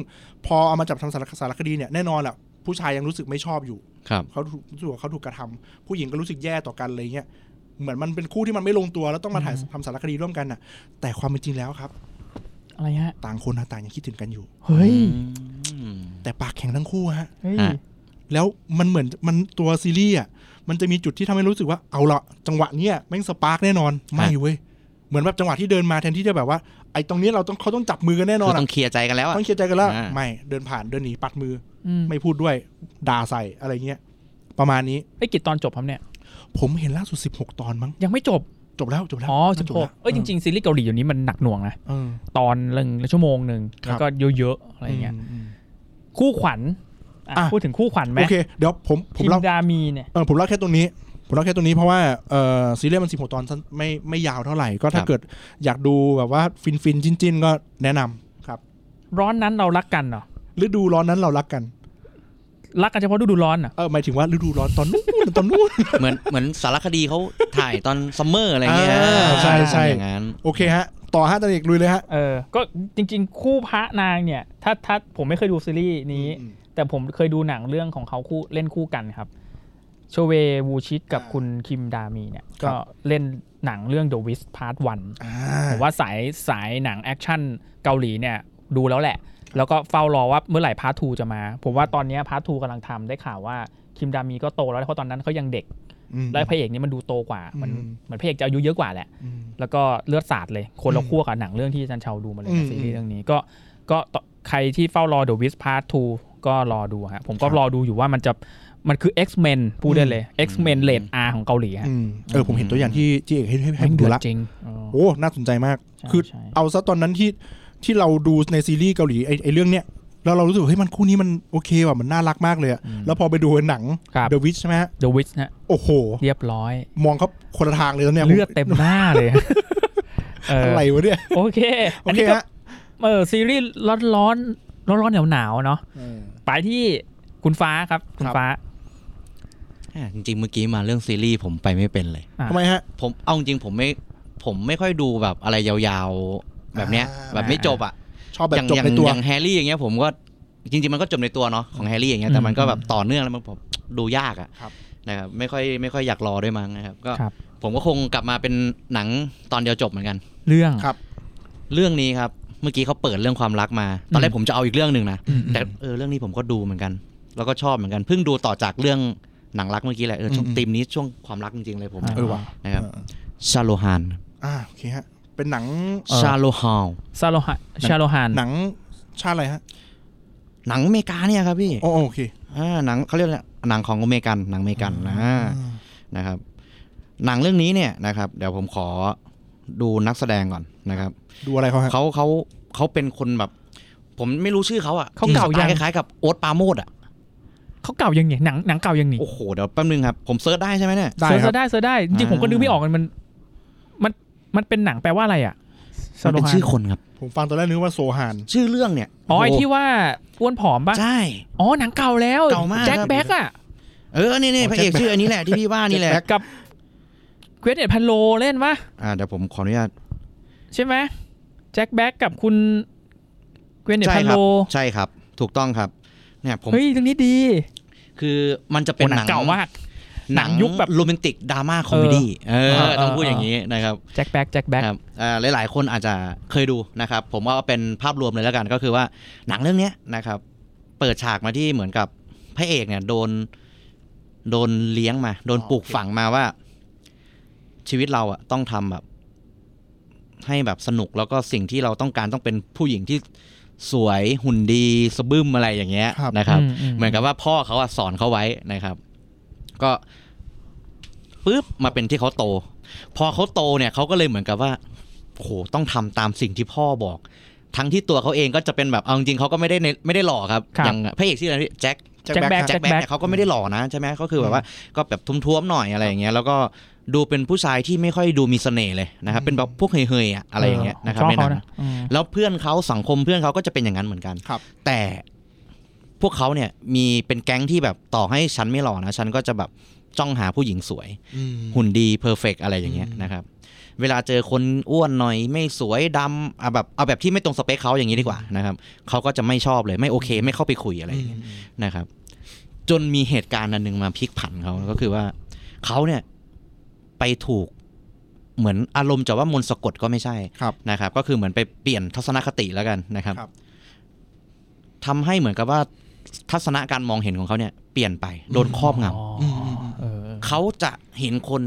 Speaker 3: พอเอามาจับทำสารสารคดีเนี่ยแน่นอนแหละผู้ชายยังรู้สึกไม่ชอบอยู่
Speaker 4: ครับ
Speaker 3: เขาถูกรู้สึกว่าเขาถูกกระทำผู้หญิงก็รู้สึกแย่ต่อกันอะไรเงี้ยเหมือนมันเป็นคู่ที่มันไม่ลงตัวแล้วต้องมาถ่าย
Speaker 2: อืม
Speaker 3: ทำสารคดีร่วมกันน่ะ แต่ความเป็นจริงแล้วครับ
Speaker 2: อะไรฮะ
Speaker 3: ต่างคนนะต่างยังคิดถึงกันอยู่
Speaker 2: เฮ้ย
Speaker 4: อืม
Speaker 3: แต่ปากแข็งทั้งคู่ฮะ
Speaker 2: เฮ้ย
Speaker 4: ฮะ
Speaker 3: แล้วมันเหมือนมันตัวซีรีส์อ่ะ มันจะมีจุดที่ทำให้รู้สึกว่าเอาละจังหวะเนี้ยแม่งสปาร์กแน่นอน ไม่เว้ย เหมือนแบบจังหวะที่เดินมาแทนที่จะแบบว่า ไอ้ตรงนี้เราต้องเขาต้องจับมือกันแน่นอ
Speaker 4: คื
Speaker 3: น
Speaker 4: อต้
Speaker 3: อะ
Speaker 4: องเคลียร์ใจกันแล้วอะ
Speaker 3: ต้องเคลียร์ใจกันแล้ว
Speaker 4: อ่า
Speaker 3: ไม่เดินผ่านเดินหนีปัดมือ
Speaker 2: อืม
Speaker 3: อไม่พูดด้วยด่าใส่อะไรเงี้ยประมาณนี้
Speaker 2: ไอ้ยกี่ตอนจบครับเนี่ย
Speaker 3: ผมเห็นล่าสุด 16 ตอนมั้ง
Speaker 2: ยังไม่จบ
Speaker 3: จบแล้วจบแล้ว
Speaker 2: อ๋อ
Speaker 3: น่า
Speaker 2: สิบ
Speaker 3: จบ
Speaker 2: หก
Speaker 3: แล้ว
Speaker 2: เอ้ยจริงๆ ซีรีส์เกาหลีอยู่นี้มันหนักหน่วงนะ
Speaker 3: เออ
Speaker 2: ตอนหนึ่งชั่วโมงหนึ่ง
Speaker 3: ครับ
Speaker 2: แล้วก็เยอะๆ อะไรอย่างเงี้ย
Speaker 3: อืม
Speaker 2: คู่ขวัญอ่ะ
Speaker 3: อ่ะ
Speaker 2: พูดถึงคู่ขวัญไหม
Speaker 3: โอเค เดี๋ยวผมผม
Speaker 2: พิม
Speaker 3: เล่า
Speaker 2: ดามีเนี่ย
Speaker 3: เออผมเล่าแค่ตรงนี้ ผมเล่าแค่ตรงนี้เพราะว่าเออซีรีส์มัน 16 ตอนสั้นไม่ไม่ยาวเท่าไหร่ ก็ถ้า
Speaker 4: ครับ
Speaker 3: เกิดอยากดูแบบว่าฟินฟินๆจิ้นจิ้นๆ ก็แนะนำครับ
Speaker 2: ร้อนนั้นเรารักกันเหรอ
Speaker 3: ฤดูร้อนนั้นเรารักกัน
Speaker 2: รักกันเฉพาะฤดูร้อนเหรอ่ะ
Speaker 3: เออหมายถึงว่าฤดูร้อนตอนนู้น ตอนนู้น
Speaker 4: เหมือนเหมือนสารคดีเขาถ่ายตอนซัมเมอร์อะไรเงี้ย
Speaker 3: อ่าใช่ใช่
Speaker 4: อย่างนั้น
Speaker 3: โอเคฮะ ต่อฮะตอนเอกลุยเลยฮะ
Speaker 2: เออ ก็จริงๆ คู่พระนางเนี่ย ถ้าถ้าผมไม่เคยดูซีรีส์นี้
Speaker 3: อืม
Speaker 2: แต่ผมเคยดูหนังเรื่องของเขาคู่เล่นคู่กันครับโชเววูชิตกับคุณคิมดามีเนี่ย ก็เล่นหนังเรื่อง The Wiz Part 1
Speaker 3: อ่า
Speaker 2: ผมว่าสายสายหนังแอคชั่นเกาหลีเนี่ยดูแล้วแหละ แล้วก็เฝ้ารอว่าเมื่อไหร่พาร์ทูจะมา ผมว่าตอนเนี้พาร์ทูกำลังทำได้ข่าวว่าคิมดามีก็โตแล้วเพราะตอนนั้นเขายังเด็กและพระเอกนี่มันดูโตกว่ามัน
Speaker 3: อืม
Speaker 2: เหมือนพระเอกจะอายุเยอะกว่าแหละ
Speaker 3: อืม
Speaker 2: แล้วก็เลือดสาดเลย คนละ
Speaker 3: อืม
Speaker 2: ขั้วกับหนังเรื่องที่อาจันเชาดูมาเลย
Speaker 3: อื
Speaker 2: นะ
Speaker 3: ม
Speaker 2: ซีรีส์เรื่องนี้ก็ก็ต่อใครที่เฝ้ารอ The Wiz Part 2 ก็รอดูฮะผมก็รอดูอยู่ว่ามันจะมันคือ X-Men พูดได้เลย X-Men เลด R ของเกาหลีฮะ
Speaker 3: อืมเออผมเห็นตัวอย่างที่ที่เอกให้ให้ให้
Speaker 2: แม่ง
Speaker 3: ผม
Speaker 2: เดื
Speaker 3: ดู
Speaker 2: อด
Speaker 3: ละ
Speaker 2: จริงเออ
Speaker 3: โอ้น่าสนใจมาก
Speaker 2: ใช่
Speaker 3: คือ
Speaker 2: ใช่
Speaker 3: เอาซะตอนนั้นที่ที่เราดูในซีรีส์เกาหลีไอไอเรื่องเนี้ยแล้วเรารู้สึกว่าเฮ้ยมันคู่นี้มันโอเคว่ะมันน่ารักมากเลยอะแล้วพอไปดูหนัง
Speaker 2: ครับ
Speaker 3: The Witch ใช่ไหมฮะ
Speaker 2: The Wiz ฮะ
Speaker 3: โอ้โห
Speaker 2: เรียบร้อย
Speaker 3: มองเขาคนละทางเลยตอนเนี้ย
Speaker 2: เลือดเต็มหน้าเลยเออ
Speaker 3: อะไรวะเนี่ย
Speaker 2: โอเค
Speaker 3: โอ
Speaker 2: อัน
Speaker 3: เค
Speaker 2: นี้ก็
Speaker 3: ฮะ
Speaker 2: เออซีรีส์ร้อนร้อนร้อนร้อนๆหนาวหนาวๆเนาะ
Speaker 3: เออ
Speaker 2: ไปที่คุณฟ้าครับ คุณ
Speaker 3: ครับ
Speaker 2: ฟ้า
Speaker 4: อ่ะจริงๆ เมื่อกี้มาเรื่องซีรีส์ผมไปไม่เป็นเลย
Speaker 2: อ่ะ
Speaker 3: ทำไมฮะ
Speaker 4: ผมเอาจริงๆผมไม่ผมไม่ค่อยดูแบบอะไรยาวๆแบบเนี้ย
Speaker 3: อ่า
Speaker 4: แบบไม่จบอ่ะ
Speaker 3: ชอบแบ
Speaker 4: อบ ย่าง
Speaker 3: จบ
Speaker 4: อย่าง
Speaker 3: ในตัว
Speaker 4: อย่างแฮร์รี่อย่างเงี้ยผมก็จริงๆมันก็จบในตัวเนาะของแฮร์รี่อย่างเงี้ยแต่มันก็แบบต่อเนื่องแล้วมันผมดูยากอ่ะ
Speaker 3: ครับ
Speaker 4: นะครับไม่ค่อยไม่ค่อยอยากรอด้วยมั้งนะครับก็
Speaker 2: ครับ
Speaker 4: ผมก็คงกลับมาเป็นหนังตอนเดียวจบเหมือนกัน
Speaker 2: เรื่อง
Speaker 3: ครับ
Speaker 4: เรื่องนี้ครับ เมื่อกี้เขาเปิดเรื่องความรักมา ตอนแรกผมจะเอาอีกเรื่องหนึ่งนะ แต่เออเรื่องนี้ผมก็ดูเหมือนกัน แล้วก็ชอบเหมือนกัน เพิ่งดูต่อจากเรื่องหนังรักเมื่อกี้แหละเออช่วง
Speaker 3: อืม
Speaker 4: ธีมนี้ช่วงความรักจริงๆเลยผม
Speaker 2: อ่า
Speaker 3: เออว่ะ
Speaker 4: นะครับ
Speaker 3: เออ
Speaker 4: ชาโลฮาน
Speaker 3: อ่าโอเคฮะ เป็นหนัง
Speaker 2: เออ
Speaker 4: ชาโลฮาล
Speaker 2: ซาโลฮะชาโลฮัน
Speaker 3: หนังชาติอะไรฮะ
Speaker 4: หนังอเมริกาเนี่ยครับพี่
Speaker 3: โอ้โอเค
Speaker 4: อ่าหนังเขาเรียกอะไรหนังของอเมริกันหนังอเมริกันนะนะครับ หนังเรื่องนี้เนี่ยนะครับ เดี๋ยวผมขอดูนักแสดงก่อนนะครับ
Speaker 3: ดูอะไรเขาฮะ
Speaker 4: เขาเขาเขาเป็นคนแบบ ผมไม่รู้ชื่อเขาอ่ะ
Speaker 2: เขาเก่ายัง
Speaker 4: ที่สไตล์คล้ายๆกับโอ๊ตปาโมดอ่ะ
Speaker 2: เขาเก่ายังเนี่ยหนังหนังเก่ายังนี่
Speaker 4: โอ้โหเดี๋ยวแป๊บนึงครับผมเซิร์ชได้ใช่ไหมเนี่ย
Speaker 2: เซิร์ชเซิร์ชได้เซิร์ชได้จริงๆผมก็
Speaker 4: อ่า
Speaker 2: นึกไม่ออกมันมันมันมันเป็นหนังแปลว่าอะไรอ่ะซา
Speaker 4: มัน
Speaker 2: โล
Speaker 4: เป็น
Speaker 2: ฮัน
Speaker 4: ชื่อคนครับ
Speaker 3: ผมฟังตอนแรกนึกว่าโซฮาน
Speaker 4: ชื่อเรื่องเนี่ย
Speaker 2: อ๋อไอ
Speaker 4: โโห
Speaker 2: ที่ว่าอ้วนผอมป่ะ
Speaker 4: ใช่
Speaker 2: อ๋อหนังเก่าแล้ว
Speaker 4: เก่ามาก
Speaker 2: แจ็ค
Speaker 4: ครับ
Speaker 2: แบ็กอ่ะ
Speaker 4: เออนี่นี่
Speaker 3: อ๋อ
Speaker 4: พระเอก
Speaker 3: Jack
Speaker 4: ชื่ออันนี้แหละที่พี่ว่านี่แหละ
Speaker 3: Jack
Speaker 2: กับเกรเนตพันโลเล่นป่ะ
Speaker 4: อ่าเดี๋ยวผมขออนุญาต
Speaker 2: ใช่ไหมแจ็คแบ็กกับคุณเกวนเนต
Speaker 4: ใช่
Speaker 2: พัน
Speaker 4: ค
Speaker 2: โล
Speaker 4: รัใช่ครับ ถูกต้องครับเนี่ยผม
Speaker 2: เฮ้ยเรื่องนี้ดี
Speaker 4: คือมันจะเป็น
Speaker 2: โอ้
Speaker 4: หนัง
Speaker 2: เก่ามาก
Speaker 4: หนังยุคแบบโรแมนติกดราม่าคอมเมดี้เอ
Speaker 2: เอ
Speaker 4: อ
Speaker 2: อ
Speaker 4: ต้องพูดอย่างนี้นะครับ
Speaker 2: แจ็คแบ็กแจ็คแบ็ก
Speaker 4: ครับอ่าหลาย ๆ คนอาจจะเคยดูนะครับ ผมว่าเป็นภาพรวมเลยแล้วกันก็คือว่าหนังเรื่องเนี้ยนะครับ เปิดฉากมาที่เหมือนกับพระเอกเนี่ยโดนโดนเลี้ยงมา โดนปลูกฝังมาว่า ชีวิตเราอะต้องทำแบบให้แบบสนุกแล้วก็สิ่งที่เราต้องการต้องเป็นผู้หญิงที่สวยหุ่นดีสะบึมอะไรอย่างเงี้ย
Speaker 6: ครับ
Speaker 4: นะครับ
Speaker 2: อืมอืม
Speaker 4: เหมือนกับว่าพ่อเขาอะสอนเขาไว้นะครับ ก็ปุ๊บมาเป็นที่เขาโต พอเขาโตเนี่ยเขาก็เลยเหมือนกับว่าโอ้โหต้องทำตามสิ่งที่พ่อบอก ทั้งที่ตัวเขาเองก็จะเป็นแบบเอาจริงๆเขาก็ไม่ได้เน้นไม่ได้หล่อครับ
Speaker 2: ครับ
Speaker 4: อย่างพระเอกชื่ออะไรพี่แจ็ค
Speaker 2: แจ็คแบ็ก
Speaker 4: แจ็
Speaker 2: แจ็ค
Speaker 4: คแบ็ค
Speaker 2: แบ็ก
Speaker 4: เนี่ยเขาก็ไม่ได้หล่อนะใช่ไหมก็คือแบบว่าก็แบบทุ้มๆหน่อยอะไรอย่างเงี้ยแล้วก็ดูเป็นผู้ชายที่ไม่ค่อยดูมีเสน่ห์เลยนะครับเป็นแบบพวกเฮยๆอะอะไรอย่างเงี้ยนะครับในหนังแล้วเพื่อนเขาสังคมเพื่อนเขาก็จะเป็นอย่างนั้นเหมือนกัน
Speaker 6: ครับ
Speaker 4: แต่พวกเขาเนี่ยมีเป็นแก๊งที่แบบต่อให้ฉันไม่หล่อนะฉันก็จะแบบจ้องหาผู้หญิงสวย
Speaker 6: อืม
Speaker 4: หุ่นดีเพอร์เฟกอะไรอย่างเงี้ย
Speaker 6: อืม
Speaker 4: นะครับ เวลาเจอคนอ้วนหน่อยไม่สวยดำอ่ะแบบเอาแบบที่ไม่ตรงสเปคเขาอย่างนี้ดีกว่านะครับเขาก็จะไม่ชอบเลยไม่โอเค ไม่เข้าไปคุยอะไรอย่างเงี้ย นะครับจนมีเหตุการณ์อันหนึ่งมาพลิกผันเขาก็คือว่าเขาเนี่ยไปถูกเหมือนอารมณ์จะว่ามนต์สะกดก็ไม่ใช่
Speaker 6: ครับ
Speaker 4: นะครับ ก็คือเหมือนไปเปลี่ยนทัศนคติแล้วกันนะครับ
Speaker 6: ครับ
Speaker 4: ทำให้เหมือนกับว่าทัศนะการมองเห็นของเขาเนี่ยเปลี่ยนไปโดนครอบง
Speaker 6: อืมอืมอืม
Speaker 2: เออ
Speaker 4: ำเขาจะเห็นคน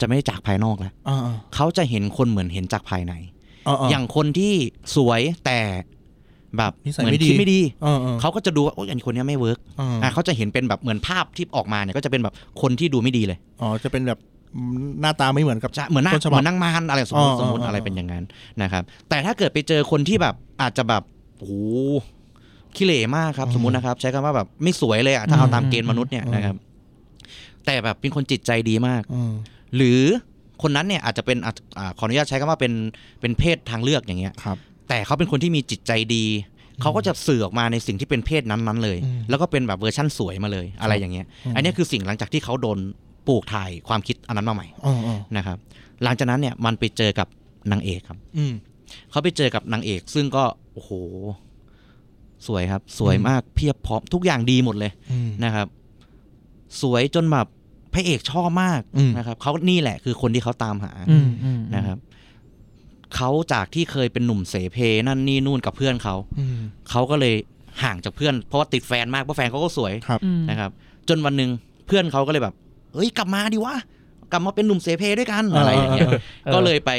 Speaker 4: จะไม่ได้จากภายนอกแล้ว
Speaker 6: อ่า
Speaker 4: เขาจะเห็นคนเหมือนเห็นจากภายใน
Speaker 6: อ่า
Speaker 4: อย่างคนที่สวยแต่แบบ
Speaker 6: นิสัย
Speaker 4: เหมือน
Speaker 6: ไม่ดี
Speaker 4: คิดไม่ดี
Speaker 6: อ่าอ่า
Speaker 4: เขาก็จะดูว่าโอ้ยอันนคนเนี้ยไม่เวิร์ก
Speaker 6: อ่า
Speaker 4: อ่ะเขาจะเห็นเป็นแบบเหมือนภาพที่ออกมาเนี่ยก็จะเป็นแบบคนที่ดูไม่ดีเลย
Speaker 6: อ๋อจะเป็นแบบหน้าตาไม่เหมือนกับ
Speaker 4: จะเหมือนนาง
Speaker 6: ต้นฉ
Speaker 4: เห
Speaker 6: บั
Speaker 4: มื
Speaker 6: บ
Speaker 4: อนนางมารอะไรสมมติ
Speaker 6: อ๋อ
Speaker 4: สมมติ
Speaker 6: อ๋ออ๋ออ
Speaker 4: อะไรเป็นอย่างนั้นนะครับ แต่ถ้าเกิดไปเจอคนที่แบบอาจจะแบบโอ้โหขี้เหร่มากครับสมมตินะครับ ใช้คำว่าแบบไม่สวยเลยอ่ะถ้าเอาตามเกณฑ์มนุษย์เนี่ยนะครับ แต่แบบเป็นคนจิตใจดีมาก
Speaker 6: อืม
Speaker 4: หรือคนนั้นเนี่ยอาจจะเป็นอ่ะอ่าขออนุญาตใช้คำว่าเป็นเป็นเพศทางเลือกอย่างเงี้ย
Speaker 6: ครับ
Speaker 4: แต่เขาเป็นคนที่มีจิตใจดีเขาก็จะสื่อออกมาในสิ่งที่เป็นเพศนั้นๆเลย
Speaker 6: อืม
Speaker 4: แล้วก็เป็นแบบเวอร์ชั่นสวยมาเลยอะไรอย่างเงี้ย
Speaker 6: อืม
Speaker 4: อันเนี้ยคือสิ่งหลังจากที่เขาโดนปลูกถ่ายความคิดอันนั้นมาใหม่
Speaker 6: อ่าอ่า
Speaker 4: นะครับ หลังจากนั้นเนี่ยมันไปเจอกับนางเอกครับ
Speaker 6: อืม
Speaker 4: เขาไปเจอกับนางเอก ซึ่งก็โอ้โหสวยครับ สวย
Speaker 6: อืม
Speaker 4: มากเพียบพร้อมทุกอย่างดีหมดเลย
Speaker 6: อืม
Speaker 4: นะครับสวยจนแบบพระเอกชอบมาก
Speaker 6: อืม
Speaker 4: นะครับเขานี่แหละคือคนที่เขาตามหา
Speaker 2: อืมอืม
Speaker 4: นะครับเขาจากที่เคยเป็นหนุ่มเสเพนั่นนี่นู่นกับเพื่อนเขา
Speaker 6: อืม
Speaker 4: เขาก็เลยห่างจากเพื่อน เพราะว่าติดแฟนมากเพราะแฟนเขาก็สวย
Speaker 6: ครับ
Speaker 2: อืม
Speaker 4: นะครับ จนวันหนึ่งเพื่อนเขาก็เลยแบบเอ้ยกลับมาดิวะกลับมาเป็นหนุ่มเสเพด้วยกันอะไรอย่างเงี้ย
Speaker 2: ออ
Speaker 4: ก็เลยไป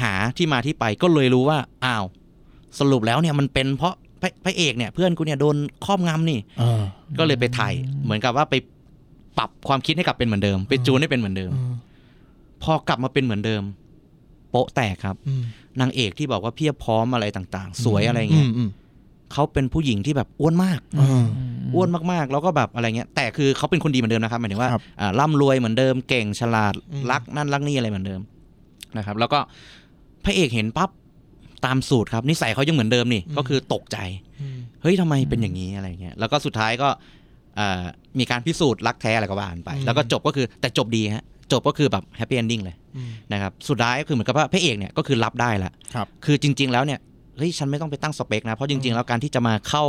Speaker 4: หาที่มาที่ไปก็เลยรู้ว่าอ้าว สรุปแล้วเนี่ยมันเป็นเพราะพระพระเอกเนี่ย เพื่อนกูเนี่ยโดนครอบงำนี่
Speaker 6: อ่า
Speaker 4: ก็เลยไปถ่ายเหมือนกับว่าไปปรับความคิดให้กลับเป็นเหมือนเดิม ไปจูนให้เป็นเหมือนเดิม พอกลับมาเป็นเหมือนเดิม โป๊ะแตกครับ
Speaker 6: อืม
Speaker 4: นางเอกที่บอกว่าเพียบพร้อมอะไรต่างๆ สวยอะไรเงี้ย
Speaker 6: อืม
Speaker 4: เขาเป็นผู้หญิงที่แบบอ้วนมาก
Speaker 6: อืม
Speaker 4: อ้วนมากๆ แล้วก็แบบอะไรเงี้ย แต่คือเขาเป็นคนดีเหมือนเดิมนะครับหมายถึงว่า
Speaker 6: ครับ
Speaker 4: อ่าร่ำรวยเหมือนเดิมเก่งฉลาด
Speaker 6: อืม
Speaker 4: รักนั่นรักนี่อะไรเหมือนเดิมนะครับ แล้วก็พระเอกเห็นปั๊บตามสูตรครับนิสัยเขายังเหมือนเดิมนี่ก็คือตกใจ
Speaker 6: อืม
Speaker 4: เฮ้ยทำไมเป็นอย่างนี้อะไรเงี้ย แล้วก็สุดท้ายก็เอ่อมีการพิสูจน์รักแท้อะไรก็ว่ากันไป
Speaker 6: อืม
Speaker 4: แล้วก็จบก็คือแต่จบดีฮะ จบก็คือแบบแฮปปี้เอนดิ้งเลย
Speaker 6: อืม
Speaker 4: นะครับ สุดท้ายก็คือเหมือนกับว่าพระเอกเนี่ยก็คือรับได้ละ
Speaker 6: ครับ
Speaker 4: คือจริง ๆ แล้วเนี่ย เฮ้ยฉันไม่ต้องไปตั้งสเปคนะ เพราะจริง ๆ แล้วการที่จะมาเข้า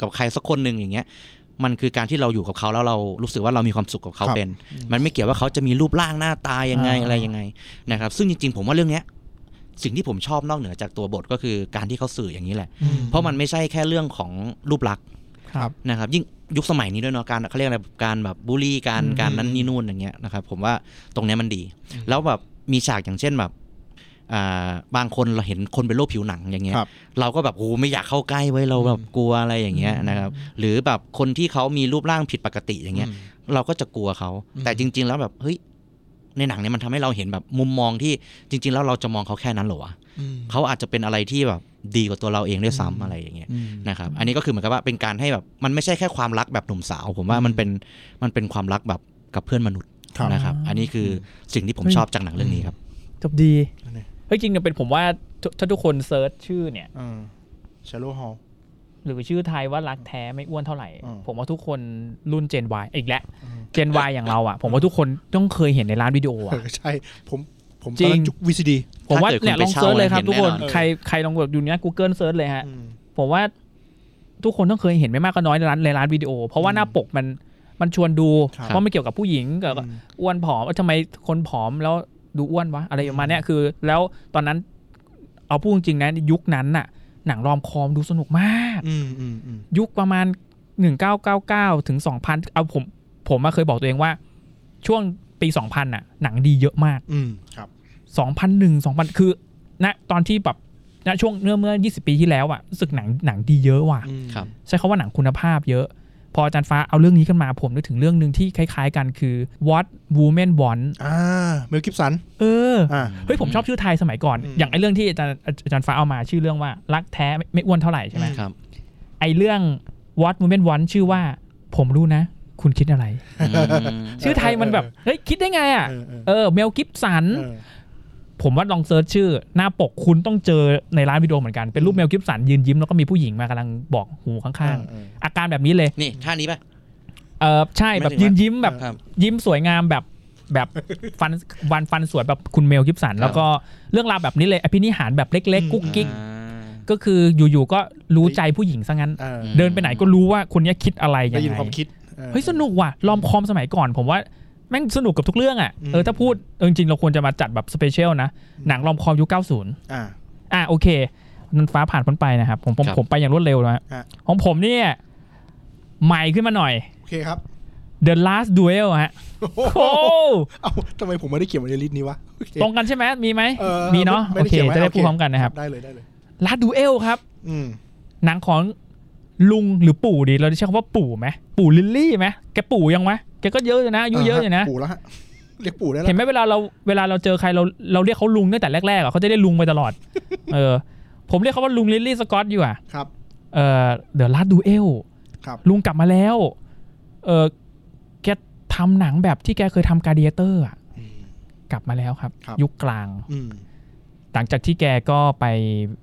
Speaker 4: กับใครสักคนหนึ่งอย่างเงี้ย มันคือการที่เราอยู่กับเขาแล้วเรารู้สึกว่าเรามีความสุขกับเขา
Speaker 6: ครับ
Speaker 4: เป็น มันไม่เกี่ยวว่าเขาจะมีรูปร่างหน้าตายังไงอะไรยังไงนะครับ ซึ่งจริง ๆ ผมว่าเรื่องเนี้ยสิ่งที่ผมชอบนอกเหนือจากตัวบทก็คือการที่เขาสื่ออย่างนี้แหละ
Speaker 6: อืม
Speaker 4: เพราะมันไม่ใช่แค่เรื่องของรูปลักษณ์
Speaker 6: ครับ
Speaker 4: นะครับยิ่งยุคสมัยนี้ด้วยเนาะการเขาเรียกอะไรการแบบบูลลี่การการนั้นนี่นู่นอย่างเงี้ยนะครับผมว่าตรงเนี้ยมันดี แล้วแบบมีฉากอย่างเช่นแบบอ่าบางคนเราเห็นคนเป็นโรคผิวหนังอย่างเงี้ย
Speaker 6: ครับ
Speaker 4: เราก็แบบโอ้ไม่อยากเข้าใกล้ไว้ยเราแบบกลัวอะไรอย่างเงี้ยนะครับ หรือแบบคนที่เขามีรูปร่างผิดปกติอย่างเงี้ย เราก็จะกลัวเขา
Speaker 6: อืม
Speaker 4: แต่จริง ๆ แล้วแบบเฮ้ยในหนังเนี่ยมันทำให้เราเห็นแบบมุมมองที่จริง ๆ แล้วเราจะมองเขาแค่นั้นเหรอวะ
Speaker 6: อืม
Speaker 4: เขาอาจจะเป็นอะไรที่แบบดีกว่าตัวเราเองด้วยซ้ำอะไรอย่างเงี้ย
Speaker 6: อืม
Speaker 4: นะครับ อันนี้ก็คือเหมือนกับว่าเป็นการให้แบบมันไม่ใช่แค่ความรักแบบหนุ่มสาว ผมว่ามันเป็นมันเป็นความรักแบบกับเพื่อนมนุษย์
Speaker 6: ครับ
Speaker 4: นะครับ อันนี้คือสิ่งที่ผมชอบจากหนังเรื่องนี้ครับ
Speaker 2: จบดี
Speaker 6: นั่นไง
Speaker 2: เฮ้ยจริงเนี่ยเป็นผมว่าถ้าถ้าทุกคนเซิร์ชชื่อเนี่ย
Speaker 6: อ่าชาโลฮอล
Speaker 2: หรือชื่อไทยว่ารักแท้ไม่อ้วนเท่าไหร่
Speaker 6: อืม
Speaker 2: ผมว่าทุกคนรุ่น Gen Y อีกแล้ว
Speaker 6: อืม
Speaker 2: Gen Y อย่างเราอ่ะ ผมว่าทุกคนต้องเคยเห็นในร้านวิดีโออ่ะ
Speaker 6: ใช่ ผม ผมต
Speaker 2: จริ
Speaker 6: อง นนั้นจุกวีซีดี
Speaker 2: ผมว่าเนี่ยลองเซิร์ชเลยครับทุกคน
Speaker 4: เห็นแน่นอน
Speaker 2: ใครใครลองแบบดูเนี่ย Google เซิร์ชเลยฮะ ผมว่าทุกคนต้องเคยเห็นไม่มากก็น้อยในร้านในร้านวิดีโอ เพราะว่าหน้าปกมัน มันชวนดู
Speaker 6: ครับ
Speaker 2: เพราะมันเกี่ยวกับผู้หญิงกับ
Speaker 6: อืม
Speaker 2: อ้วนผอมเอ้ยทำไมคนผอมแล้วดูอ้วนวะอะไรประมาณเนี้ยคือ แล้วตอนนั้นเอาพูดจริงๆนะยุคนั้นน่ะ หนังรอมคอมดูสนุกมาก
Speaker 6: อืมอืมอืม
Speaker 2: ยุคประมาณ 1999 ถึง 2000 เอาผมผมมาเคยบอกตัวเองว่า ช่วงปี 2000น่ะ หนังดีเยอะมาก
Speaker 6: อืมครับ
Speaker 2: 2001 2000 คือณตอนที่แบบณช่วงเมื่อเมื่อ 20 ปีที่แล้วอะรู้สึกหนังหนังดีเยอะว่ะ
Speaker 6: อืม
Speaker 1: ครับ
Speaker 2: ใช้คาว่าหนังคุณภาพเยอะ พออาจารย์ฟ้าเอาเรื่องนี้ขึ้นมาผมนึกถึงเรื่องหนึ่งที่คล้ายๆกันคือ What Women Want
Speaker 6: อ่าเมลกิฟสัน
Speaker 2: เออ
Speaker 6: อ่า
Speaker 2: เฮ้ยผมชอบชื่อไทยสมัยก่อน
Speaker 6: อืม
Speaker 2: อย่างไอ้เรื่องที่อาจารย์อาจารย์ฟ้าเอามาชื่อเรื่องว่ารักแท้ไม่ไม่อ้วนเท่าไหร่ใช่ไหม
Speaker 1: ครับ
Speaker 2: ไอ้เรื่อง What Women Want ชื่อว่า ผมรู้นะ คุณคิดอะไร ชื่อไทยมันแบบเฮ้ยคิดได้ไงอ่ะ
Speaker 6: เออเออ
Speaker 2: เออเมลกิฟสัน
Speaker 6: เออ
Speaker 2: ผมว่าลองเซิร์ชชื่อ หน้าปกคุณต้องเจอในร้านวิดีโอเหมือนกันเป็นรูปเมลกิฟสันยืนยิ้มแล้วก็มีผู้หญิงมากำลังบอกหูข้าง
Speaker 6: เออเออ
Speaker 2: ๆ อาการแบบนี้เลย
Speaker 4: นี่ท่านี้ป่ะ
Speaker 2: เออใช่
Speaker 4: ไม่
Speaker 2: แบบ
Speaker 4: ถึง
Speaker 2: ยืน
Speaker 4: ว่ายิ้
Speaker 2: ยิ้มแบบ
Speaker 4: ครับ
Speaker 2: ยิ้มสวยงามแบบแบบฟันวันฟันสวยแบบคุณเมลกิฟสัน
Speaker 4: ครับ
Speaker 2: แล้วก็เรื่องราวแบบนี้เลยอภินิหารแบบเล็ก
Speaker 6: อืม
Speaker 2: ๆ กุ๊กกิ๊ก
Speaker 4: อ่า
Speaker 2: ก็คืออยู่ๆก็รู้ใจผู้หญิงซะงั้น
Speaker 6: เออ
Speaker 2: เดินไปไหนก็รู้ว่าคนเนี้ยคิดอะไรยั
Speaker 6: ได้
Speaker 2: ง
Speaker 6: ยิน
Speaker 2: ไง
Speaker 6: ความคิดออ
Speaker 2: เฮ้ยสนุกว่ะลอมคอมสมัยก่อน ผมว่าแม่งสนุกกับทุกเรื่องอ่ะ
Speaker 6: อืม
Speaker 2: เออถ้าพูดเออจริงๆเราควรจะมาจัดแบบสเปเชียลนะหนังลอมคอมยุค90
Speaker 6: อ่า
Speaker 2: อ่ะโอเคนันฟ้าผ่านพ้นไปนะครับ ผมผม
Speaker 4: ครับ
Speaker 2: ผมไปอย่างรวดเร็วนะฮะ
Speaker 6: ฮะ
Speaker 2: ของผมเนี่ยใหม่ขึ้นมาหน่อย
Speaker 6: โอเคครับ
Speaker 2: The Last Duel ฮะ
Speaker 6: โอ้โห
Speaker 2: โอ้
Speaker 6: เอ้าทำไมผมไม่ได้เขียนไว้ในลิสต์นี้วะโอเค
Speaker 2: ตรงกันใช่ไหมมีไหม
Speaker 6: เออ
Speaker 2: มีเนาะ
Speaker 6: ไม่
Speaker 2: โอ
Speaker 6: ไม่ได้
Speaker 2: เค
Speaker 6: เขียนไว้
Speaker 2: จะได้
Speaker 6: โอเค
Speaker 2: พูดพร้อมกันนะครับ
Speaker 6: ได้เลยได้เลย
Speaker 2: Last Duel ครับ
Speaker 6: อืม
Speaker 2: หนังของลุงหรือปู่ดี เราจะใช้คำว่าปู่ไหมปู่ลิลลี่ไหมแกปู่ยังไหมแกก็เยอะอยู่นะอายุเยอะอยู่นะ
Speaker 6: ปู่แล้วฮะ เรียกปู่ได้แล้ว
Speaker 2: เห็นไหมเวลาเราเวลาเราเจอใครเราเราเรียกเขาลุงตั้งแต่แรกๆอ่ะเขาจะได้ลุงไปตลอด เออ ผมเรียกเขาว่าลุงลิลลี่สกอตอยู่อ่ะ
Speaker 6: ครับ
Speaker 2: เอ่อเดอะลัดดูเอล
Speaker 6: ครับ
Speaker 2: ลุงกลับมาแล้ว เออแกทำหนังแบบที่แกเคยทำการเดียเตอร์อะ
Speaker 6: อืม
Speaker 2: กลับมาแล้วครับ
Speaker 6: ครับ
Speaker 2: ยุคกลาง
Speaker 6: อืม
Speaker 2: หลังจากที่แกก็ไป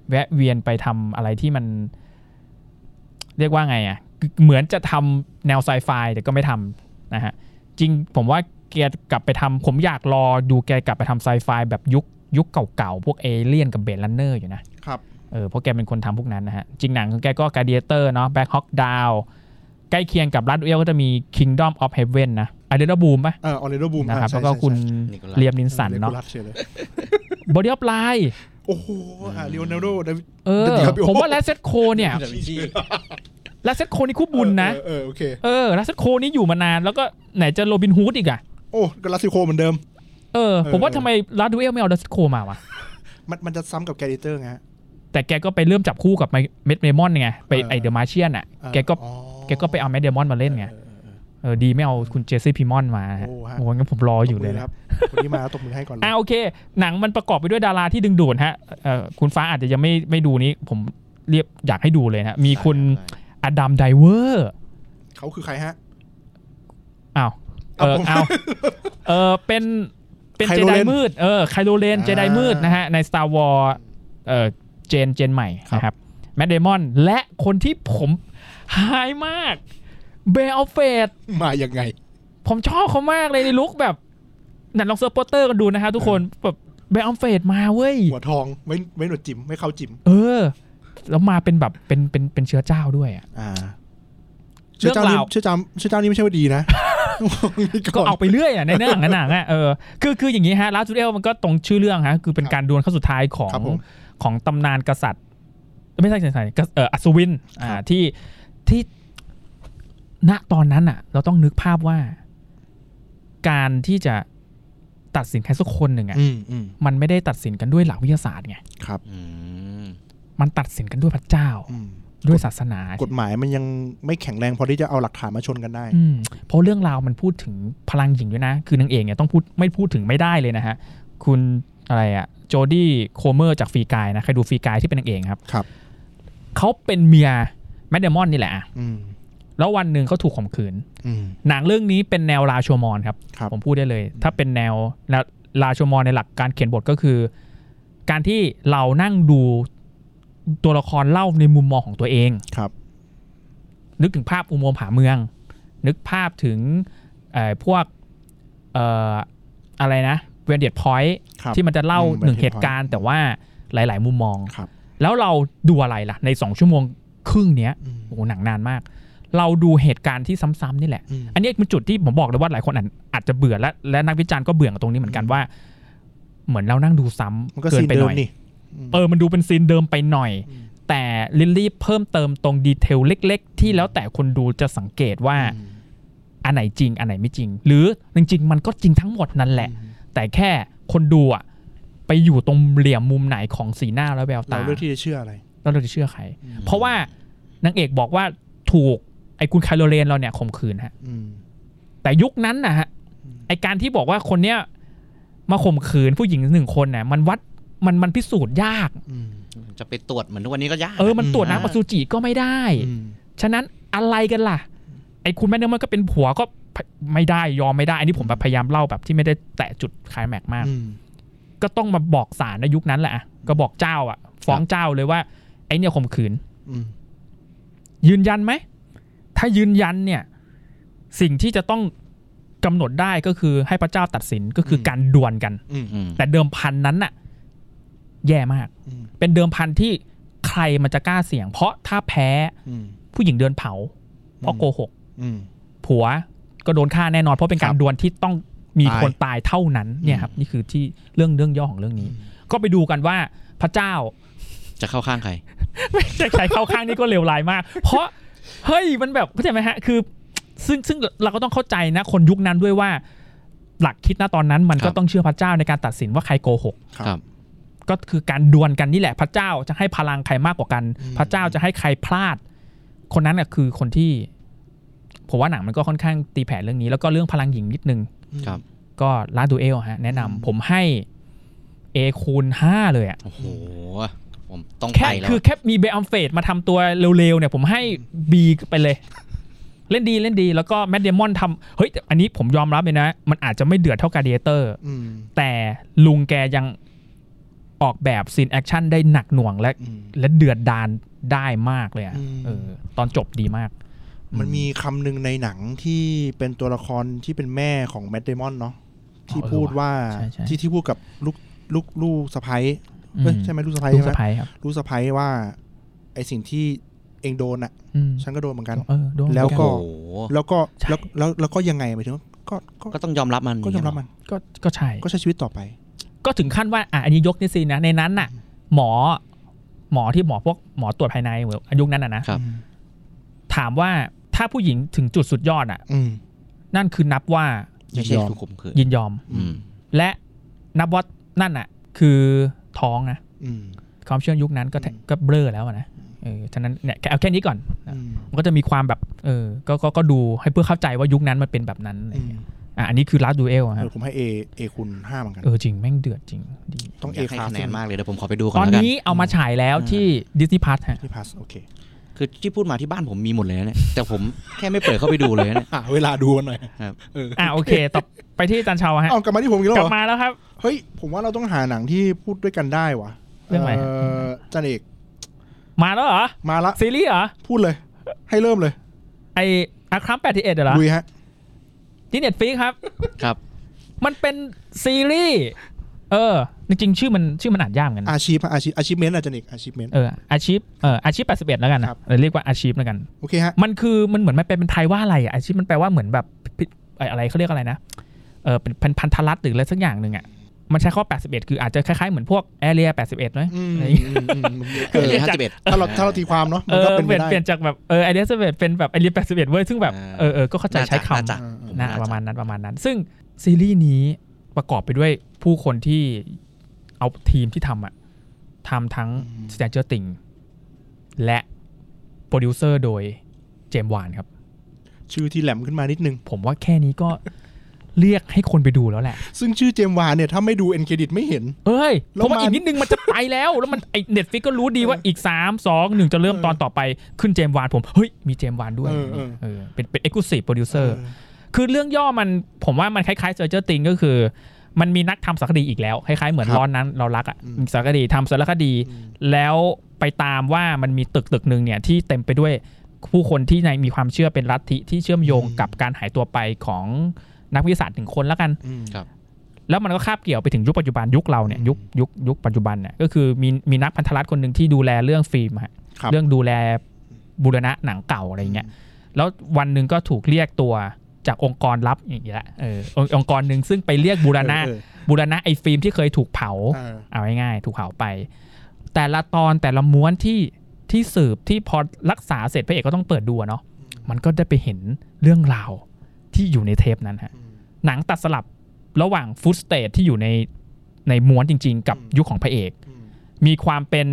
Speaker 2: แวะเวียนไปทำอะไรที่มัน เรียกว่าไงอะคือเหมือนจะทำแนวไซไฟแต่ก็ไม่ทำนะฮะ จริงผมว่าแกกลับไปทำผมอยากรอดูแกกลับไปทำไซไฟแบบยุคยุคเก่าๆ พวกเอเลียนกับเบลลันเนอร์อยู่นะ
Speaker 6: ครับ
Speaker 2: เออเพราะแกเป็นคนทำพวกนั้นนะฮะ จริงหนังของแกก็ Gladiator เนาะ Black Hawk Down ใกล้เคียงกับรัดเอลก็จะมี Kingdom of Heaven นะ a d r e n a Boom ปะ
Speaker 6: เออออเรโดบูม
Speaker 2: นะครับ แล้วก็คุณ
Speaker 4: นิโคลัส
Speaker 2: เลียมนินสันเนาะ Body of Lie
Speaker 6: โอ้โหอ่ะเลโอนาร์โด
Speaker 2: เออ
Speaker 6: เดี๋ยวๆพี่โอ้
Speaker 2: ผมว่า l a s เซ c โคเนี่ย
Speaker 4: ดาวินชี
Speaker 2: l a s เซ c โคนี่คู่บุญนะ
Speaker 6: เออเออโอเค
Speaker 2: เออ l a s เซ c โคนี่อยู่มานาน แล้วก็ไหนจะโรบินฮูดอีกอะ
Speaker 6: โอ้กลาซิโคเหมือนเดิม
Speaker 2: เออ
Speaker 6: เออ
Speaker 2: ผมว่าทำไมรัดเอลไม่เอา l a s เซ c โคมาวะ
Speaker 6: มันมันจะซ้ำกับแกดิเตอร์ไงฮะ
Speaker 2: แต่แกก็ไปเริ่มจับคู่กับเมดเมมอนไง ไป
Speaker 6: เออ
Speaker 2: ไอเดอะมาเชียนอ่ะ
Speaker 6: เออ
Speaker 2: แกก็
Speaker 6: อ๋อ
Speaker 2: แกก็ไปเอาเมดเดมอนมาเล่นไง
Speaker 6: ออออ
Speaker 2: เออดีไม่เอาคุณเจสซี่พิมอนมาฮะ
Speaker 6: โอ้ฮะ
Speaker 2: โอ้งั้นผมรออยู่เลย
Speaker 6: ตบมื
Speaker 2: นะ
Speaker 6: ครับคนที่มาตบมือให้ก่อนเลย
Speaker 2: อ่าโอเค หนังมันประกอบไปด้วยดาราที่ดึงดูดฮะเอ่อคุณฟ้าอาจจะยังไม่ไม่ดูนี้ ผมเรียบอยากให้ดูเลยนะมีคุณอดัมไดเวอร์
Speaker 6: เขาคือใครฮะ
Speaker 2: อ้าวเออเอา เออเป็นเป็น
Speaker 6: ไค
Speaker 2: เจ
Speaker 6: โล
Speaker 2: ได
Speaker 6: เรน
Speaker 2: มืดเออไคโลเลน
Speaker 6: อ่า
Speaker 2: เจไดมืดนะฮะ ใน Star War เออเจนเจนใหม่นะครับแมดเดมอนและคนที่ผมหายมากเบลเฟต
Speaker 6: มายังไง
Speaker 2: ผมชอบเขามากเลยในลุคแบบหนันลองเซิร์ฟโปสเตอร์กันดูนะฮะทุกคนแบบแบมเฟดมาเว้ย
Speaker 6: หัวทองไม่ไม่หนวดจิมไม่เข้าจิม
Speaker 2: เออ แล้วมาเป็นแบบเป็นเป็นเป็นเชื้อเจ้าด้วยอะ
Speaker 6: อ่าเชื่อเจ้า
Speaker 2: เรื่
Speaker 6: นี่
Speaker 2: องราว
Speaker 6: เชื่อเจ้าเชื่อเจ้านี่ไม่ใช่ว่าดีนะ
Speaker 2: ก็เอาไปเรื่อยอ่ะในเนื้อหนังอะหนังอ่ะเออคือคืออย่างนี้ฮะลาจูเอลมันก็ตรงชื่อเรื่องฮะคือเป็นการดวลขั้นสุดท้ายของ
Speaker 6: ครับผม
Speaker 2: ของตำนานกษัตริย์ ไม่ใช่กษัตริย์กษัตริย์เอออัศวินอ่า
Speaker 6: ครับ
Speaker 2: ที่ที่ณตอนนั้นอ่ะ เราต้องนึกภาพว่า การที่จะตัดสินใครสักคนหนึ่งอ่ะ
Speaker 6: อืมอืม
Speaker 2: มันไม่ได้ตัดสินกันด้วยหลักวิทยาศาสตร์ไง
Speaker 6: ครับ
Speaker 4: อืม
Speaker 2: มันตัดสินกันด้วยพระเจ้า
Speaker 6: อืม
Speaker 2: ด้วยศาสนาก
Speaker 6: ฎหมายมันยังไม่แข็งแรงพอที่จะเอาหลักฐานมาชนกันได้
Speaker 2: อืมเพราะเรื่องราวมันพูดถึงพลังหญิงด้วยนะ คือนางเอกเนี่ยต้องพูดไม่พูดถึงไม่ได้เลยนะฮะ คุณอะไรอะโจดี้โคเมอร์จากฟรีกายนะ ใครดูฟรีกายที่เป็นนางเอกครับ
Speaker 6: ครับ
Speaker 2: เขาเป็นเมียแมดเดมอนนี่แหละอะ
Speaker 6: อืม
Speaker 2: แล้ววันหนึ่งเขาถูกข่มขืน
Speaker 6: อืม
Speaker 2: หนังเรื่องนี้เป็นแนวราโชมอนครับ
Speaker 6: ครับ
Speaker 2: ผมพูดได้เลย ถ้าเป็นแนวแนวราโชมอนในหลักการเขียนบทก็คือ การที่เรานั่งดูตัวละครเล่าในมุมมองของตัวเอง
Speaker 6: ครับ
Speaker 2: นึกถึงภาพอุโมงค์ผาเมือง นึกภาพถึงเอ่อพวกเอ่ออะไรนะเวนเดียดพอยต์
Speaker 6: ครับ
Speaker 2: ที่มันจะเล่า
Speaker 6: อืม
Speaker 2: หนึ่ง
Speaker 6: Vantage
Speaker 2: เหตุการณ์ แต่ว่าหลาย ๆ มุมมอง
Speaker 6: ครับ
Speaker 2: แล้วเราดูอะไรล่ะ ใน 2 ชั่วโมงครึ่งเนี้ย
Speaker 6: อืม
Speaker 2: โอ้โหหนังนานมาก เราดูเหตุการณ์ที่ซ้ำๆนี่แหละ
Speaker 3: อืม
Speaker 2: อันนี้เป็นจุดที่ผมบอกเลยว่าหลายคนอาจอาจจะเบื่อและและนักวิจารณ์ก็เบื่อกับตรงนี้เหมือนกันว่า เหมือนเรานั่งดูซ้
Speaker 3: มัน
Speaker 2: ำ
Speaker 3: ก็
Speaker 2: เกิน
Speaker 3: ซีน
Speaker 2: ไปห
Speaker 3: เดิม
Speaker 2: น่อย
Speaker 3: นี่
Speaker 2: เออ มันดูเป็นซีนเดิมไปหน่อย
Speaker 3: อืม
Speaker 2: แต่ลิลลี่เพิ่มเติมตรงดีเทลเล็ก ๆ ที่แล้วแต่คนดูจะสังเกตว่า
Speaker 3: อืม
Speaker 2: อันไหนจริง อันไหนไม่จริง หรือจริงๆ มันก็จริงทั้งหมดนั่นแหละ
Speaker 3: อืม
Speaker 2: แต่แค่คนดูอะไปอยู่ตรงเหลี่ยมมุมไหนของสีหน้าและแวว
Speaker 3: เรา
Speaker 2: ตา
Speaker 3: เลือกที่จะเชื่ออะไร
Speaker 2: แล้วเราจะเชื่อใคร เพราะว่านางเอกบอกว่าถูกไอ้คุณไคาโรเลนเราเนี่ยข่มขืนฮะ
Speaker 3: อืม
Speaker 2: แต่ยุคนั้นนะฮะไอการที่บอกว่าคนเนี้ยมาข่มขืนผู้หญิงหนึ่งคนน่ะมันวัดมันมันพิสูจน์ยาก
Speaker 3: อืม
Speaker 4: จะไปตรวจเหมือนทุกวันนี้ก็ยาก
Speaker 2: เออ มันตรวจ
Speaker 3: อ่า
Speaker 2: น้ำอสุจิก็ไม่ได้
Speaker 3: อืม
Speaker 2: ฉะนั้นอะไรกันล่ะ ไอ้คุณแม่เนื้อมันก็เป็นผัวก็พไม่ได้ยอมไม่ได้ อันนี้ผมแบบพยายามเล่าแบบที่ไม่ได้แตะจุดคลายแม็กซ์มาก
Speaker 3: อืม
Speaker 2: ก็ต้องมาบอกศาลในยุคนั้นแหละอะก็บอกเจ้าอ่ะ ฟ้องเจ้าเลยว่า ไอ้เนี่ยข่มขืน
Speaker 3: อืม
Speaker 2: ยืนยันไหม ถ้ายืนยันเนี่ย สิ่งที่จะต้องกำหนดได้ก็คือให้พระเจ้าตัดสินก็คืออ
Speaker 3: ม
Speaker 2: การดวลกัน
Speaker 3: อืม
Speaker 4: อืม
Speaker 2: แต่เดิมพันนั้นน่ะ แย่มาก
Speaker 3: อืม
Speaker 2: เป็นเดิมพันที่ใครมันจะกล้าเสี่ยง เพราะถ้าแพ้
Speaker 3: อืม
Speaker 2: ผู้หญิงเดินเผา เพราะ
Speaker 3: อืม
Speaker 2: โกหก
Speaker 3: อืม
Speaker 2: ผัวก็โดนฆ่าแน่นอนเพราะเป็นการ
Speaker 3: ครับ
Speaker 2: ดวลที่ต้องมี
Speaker 3: ตาย
Speaker 2: คนตายเท่านั้นเนี่ยครับ นี่คือที่เรื่องเรื่องย่อของเรื่องนี้ ก็ไปดูกันว่าพระเจ้า
Speaker 4: จะเข้าข้างใคร
Speaker 2: ไม่ใช่ใครเข้าข้างนี่ก็เลวร้ายมาก เพราะเฮ้ยมันแบบเข้าใจไหมฮะคือ ซึ่งซึ่งเราก็ต้องเข้าใจนะ คนยุคนั้นด้วยว่า หลักคิดนะตอนนั้นมัน
Speaker 4: ครั
Speaker 2: ก็
Speaker 4: บ
Speaker 2: ต้องเชื่อพระเจ้าในการตัดสินว่าใครโกหก
Speaker 3: ครับ
Speaker 4: ครับ
Speaker 2: ก็คือการดวลกันนี่แหละ พระเจ้าจะให้พลังใครมากกว่ากัน พระเจ้าจะให้ใครพลาด คนนั้นน่ะคือคนที่ผมว่าหนังมันก็ค่อนข้างตีแผ่เรื่องนี้ แล้วก็เรื่องพลังหญิงนิดนึง
Speaker 4: ครับ
Speaker 2: ก็ลาดูเอลฮะ แนะนำผมให้ A คูณ5เลยอะ
Speaker 4: โอ้โห ผมต้อง
Speaker 2: แค่
Speaker 4: ไปแล้ว
Speaker 2: คือแค่มีเบอัมเฟดมาทำตัวเร็วๆเนี่ยผมให้บีไปเลย เล่นดีเล่นดีแล้วก็แมดเดมอนทำเฮ้ย อันนี้ผมยอมรับเลยนะ มันอาจจะไม่เดือดเท่ากาเดียเตอร์
Speaker 3: อืม
Speaker 2: แต่ลุงแกยังออกแบบซีนแอคชั่นได้หนักหน่วงและ
Speaker 3: อืม
Speaker 2: และเดือดดานได้มากเลยอะ
Speaker 3: อืม
Speaker 2: เออตอนจบดีมาก
Speaker 3: มันมีคำหนึ่งในหนังที่เป็นตัวละครที่เป็นแม่ของแมดเดมอนเนาะที่
Speaker 2: เออ
Speaker 3: พูดว่า
Speaker 2: ใช่ใช่
Speaker 3: ที่ที่พูดกับลูกลูกลูกสะพ้ายเอ้ยใช่ไหมลูกสะพ้าย
Speaker 2: ลูก
Speaker 3: ใช่ไหม
Speaker 2: สะพ้ายครับ
Speaker 3: ลูกสะพ้ายว่า ไอสิ่งที่เองโดนอะ
Speaker 2: อืม
Speaker 3: ฉันก็โดนเหมือนกัน
Speaker 2: เออโดน
Speaker 3: แล้วก็
Speaker 4: โอ้โห
Speaker 3: แล้วก็แล้วแล้วแล้วก็ยังไงหมายถึงว่าก็ก็
Speaker 4: ก็ต้องยอมรับมัน
Speaker 3: ก็ยอมรับมัน
Speaker 2: ก็ก็ใช่
Speaker 3: ก็ใช้ชีวิตต่อไป
Speaker 2: ก็ถึงขั้นว่าอ่ะอันนี้ยกนิดซีนนะในนั้นน่ะ หมอ หมอที่หมอพวกหมอตรวจภายในเหมือนยุคนั้นน่ะนะ
Speaker 4: ครับ
Speaker 2: ถามว่าถ้าผู้หญิงถึงจุดสุดยอดอ่ะ
Speaker 3: อืม
Speaker 2: นั่นคือนับว่า
Speaker 4: ไม่ใช่
Speaker 3: ยอม
Speaker 4: คือข่มขืน
Speaker 2: ยินยอม
Speaker 4: อืม
Speaker 2: และนับว่านั่นอ่ะ คือท้องนะ
Speaker 3: อืม
Speaker 2: ความเชื่อยุคนั้นก็แท
Speaker 3: อืม
Speaker 2: ก็เบลอแล้วอะนะเออฉะนั้นเนี่ยเอาแค่นี้ก่อนนะ
Speaker 3: อืม
Speaker 2: มันก็จะมีความแบบเออก็ก็ก็ดูให้เพื่อเข้าใจว่ายุคนั้นมันเป็นแบบนั้นอะไร
Speaker 3: อืม
Speaker 2: เงี้ยอ่ะอันนี้คือลัสดูเอล
Speaker 3: เอ
Speaker 2: ครั
Speaker 3: อบ ผมให้เอเอคุณห้าเหมือนกัน
Speaker 2: เออจริงแม่งเดือดจริงดี
Speaker 3: ต้องเอย
Speaker 4: อากให้
Speaker 3: คลาส
Speaker 4: คะแนนมากเลยเดี๋ยวผมขอไปดูก่
Speaker 2: ต
Speaker 4: อ
Speaker 2: อนน
Speaker 4: แล้วกัน
Speaker 2: นี้เอามาฉายแล้วที่ดิสนีย์พัทฮะ
Speaker 3: ที่พาสโอเค
Speaker 4: คือที่พูดมาที่บ้านผมมีหมดเลยนะเนี่ย แต่ผมแค่ไม่เปิดเข้าไปดูเลยนะเนี่ย
Speaker 3: หาเวลาดูกันหน่อย
Speaker 4: ครับ
Speaker 3: เออ
Speaker 2: อ่ะโอเคต่อไปที่อาจารย์เชาวฮะ
Speaker 3: เอากลับมาที่ผมอีกแล้ว
Speaker 2: ก
Speaker 3: เห
Speaker 2: ลั
Speaker 3: ร
Speaker 2: บ
Speaker 3: อ
Speaker 2: มาแล้วครับ
Speaker 3: เฮ้ย ผมว่าเราต้องหาหนังที่พูดด้วยกันได้วะ
Speaker 2: เรื่องอะไรฮะ
Speaker 3: อจันเอก
Speaker 2: มาแล้วเหรอ
Speaker 3: มาละ
Speaker 2: ซีรีส์เหรอ
Speaker 3: พูดเลย ให้เริ่มเลย
Speaker 2: ไออาครัมแปดที่เอ็ดเหรอ
Speaker 3: ลุยฮะ
Speaker 2: ที่เน็ตฟิกครับ
Speaker 4: ครับ
Speaker 2: มันเป็นซีรีส์ เออ จริงๆ ชื่อมันชื่อมันอ่านยากเหมือนกันนะ
Speaker 3: อาชีพอาชีพอาชีพเมนต์อาจันเอกอาชีพเมนต์
Speaker 2: เออ อาชีพ เออ อาชีพ 81 แล้วกันนะครับ เออเรียกว่าอาชีพแล้วกัน
Speaker 3: โอเคฮะ
Speaker 2: มันคือมันเหมือนมันเป็นเป็นไทยว่าอะไรอะอาชีพมันแปลว่าเหมือนแบบพิเอ่ออะไรเขาเรียกอะไรนะ เออ เป็นพันพันธรัฐหรืออะไรสักอย่างหนึ่งอ่ะ มันใช้ข้อ 81 คืออาจจะคล้ายๆ เหมือนพวกแอเรีย81นะ
Speaker 3: อืม
Speaker 2: อะไรอย่างเงี้ย
Speaker 3: อืมอืม
Speaker 4: เอ
Speaker 3: เอ
Speaker 4: อ
Speaker 3: อ
Speaker 4: ห้าสิบเอ็ด
Speaker 3: ถ้าเราถ้าเราตีความเนาะ
Speaker 2: เอ
Speaker 3: มันก็
Speaker 2: อ
Speaker 3: เป็น
Speaker 2: เป
Speaker 3: ไป
Speaker 2: ลี่ยน
Speaker 3: ได้
Speaker 2: เปลี่ยนจากแบบ เออไอเดีย81เป็นแบบไอเดีย81เว้ย ซึ่งแบบ เอ
Speaker 4: เอ
Speaker 2: อ
Speaker 4: อ
Speaker 2: เออก็เข้าใจใช้คำ
Speaker 4: น่าจะ
Speaker 3: อ่า
Speaker 2: นะ
Speaker 4: น่จ
Speaker 2: ประมาณนั้นประมาณนั้น ซึ่งซีรีส์นี้ประกอบไปด้วยผู้คนที่เอาทีมที่ทำอะทำทั้ง Stranger Things และโปรดิวเซอร์โดยเจมส์วานครับ
Speaker 3: ชื่อที่แหลมขึ้นมานิดนึง
Speaker 2: ผมว่าแค่นี้ก็ เรียกให้คนไปดูแล้วแหละ
Speaker 3: ซึ่งชื่อเจมส์วานเนี่ย ถ้าไม่ดูเอ็นเครดิตไม่เห็น
Speaker 2: เอ้ย
Speaker 3: แล้
Speaker 2: เพ
Speaker 3: ว
Speaker 2: ราะว่า
Speaker 3: มา
Speaker 2: อีกนิดนึงมันจะไปแล้ว แล้วมันไอเน็ตฟิกก็รู้ดีว่าอีก 3 2 1 จะเริ่มตอนต่อไปขึ้นเจมส์วานผม เฮ้ย มีเจมส์วานด้วย
Speaker 3: เออเออ
Speaker 2: เออเป็นเป็นเอ็กซ์คลูซีฟโปรดิวเซอร์ คือเรื่องย่อมันผมว่ามันคล้ายๆเซอร์เจอร์ติงก็คือ มันมีนักทำสารคดีอีกแล้ว คล้ายๆเหมือน
Speaker 3: ครับ
Speaker 2: ร้อนนั้นเรารักอ่ะ
Speaker 3: อืม
Speaker 2: มีสารคดีทำสารคดี แล้วไปตามว่ามันมีตึกตึกหนึ่งเนี่ยที่เต็มไปด้วยผู้คนที่ในมีความเชื่อเป็นลัทธิที่เชื่อมโยงกับการหายตัวไปของนักวิทยาศาสตร์ถึงคนแล้วกัน
Speaker 3: อืม
Speaker 2: แล้วมันก็คาบเกี่ยวไปถึงยุคปัจจุบันยุคเราเนี่ยยุคยุคยุคปัจจุบันเนี่ยก็คือมีมีนักพันธรัฐคนหนึ่งที่ดูแลเรื่องฟิล์มฮะ
Speaker 3: ครับ
Speaker 2: เรื่องดูแลบูรณะหนังเก่าอะไรเงี้ย แล้ววันหนึ่งก็ถูกเรียกตัวจากองค์กรลับอย่างเงี้ยเออององค์กรหนึ่งซึ่งไปเรียกบูรณะ
Speaker 3: เออเออ
Speaker 2: บูรณะไอ้ฟิล์มที่เคยถูกเผา
Speaker 3: เออ
Speaker 2: เอาง่ายๆถูกเผาไป แต่ละตอนแต่ละม้วนที่ที่สืบที่พอรักษาเสร็จพระเอกก็ต้องเปิดดูอะเนาะมันก็ได้ไปเห็นเรื่องราวที่อยู่ในเทปนั้นฮะ
Speaker 3: อืม
Speaker 2: หนังตัดสลับระหว่างฟุตสเตทที่อยู่ในในม้วนจริง ๆ กับ
Speaker 3: อืม
Speaker 2: ยุคของพระเอก
Speaker 3: อืม
Speaker 2: มีความเป็น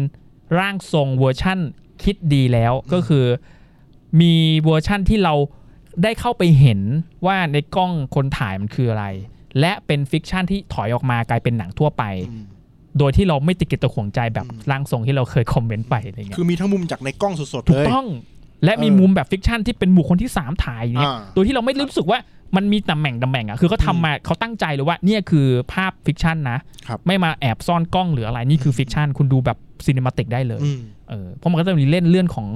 Speaker 2: ร่างทรงเวอร์ชั่นคิดดีแล้วก็คือมีเวอร์ชั่นที่เราได้เข้าไปเห็นว่าในกล้องคนถ่ายมันคืออะไร และเป็นฟิกชันที่ถอยออกมากลายเป็นหนังทั่วไป
Speaker 3: อืม
Speaker 2: โดยที่เราไม่ติดกิดตะขวงใจแบบ
Speaker 3: อืม
Speaker 2: ร่างทรงที่เราเคยคอมเมนต์ไปอะไรเงี้ย
Speaker 3: คือมีทั้งมุมจากในกล้องสดๆ
Speaker 2: ถู
Speaker 3: เล
Speaker 2: ก
Speaker 3: ย
Speaker 2: ต้องและมี
Speaker 3: เออ
Speaker 2: มุมแบบฟิกชันที่เป็นหมู่คนที่ 3 ถ่ายเนี่ย
Speaker 3: อ่า
Speaker 2: โดยที่เราไม่รู้สึกว่ามันมีตำแหน่งตำแหน่งอ่ะคือเขาทำมาเขาตั้งใจเลยว่าเนี่ยคือภาพฟิกชันนะ ไม่มาแอบซ่อนกล้องหรืออะไรนี่คือฟิกชันคุณดูแบบซีนิมาติกได้เลย
Speaker 3: อืม
Speaker 2: เออเพราะมันก็จะมีเล่นเรื่องของ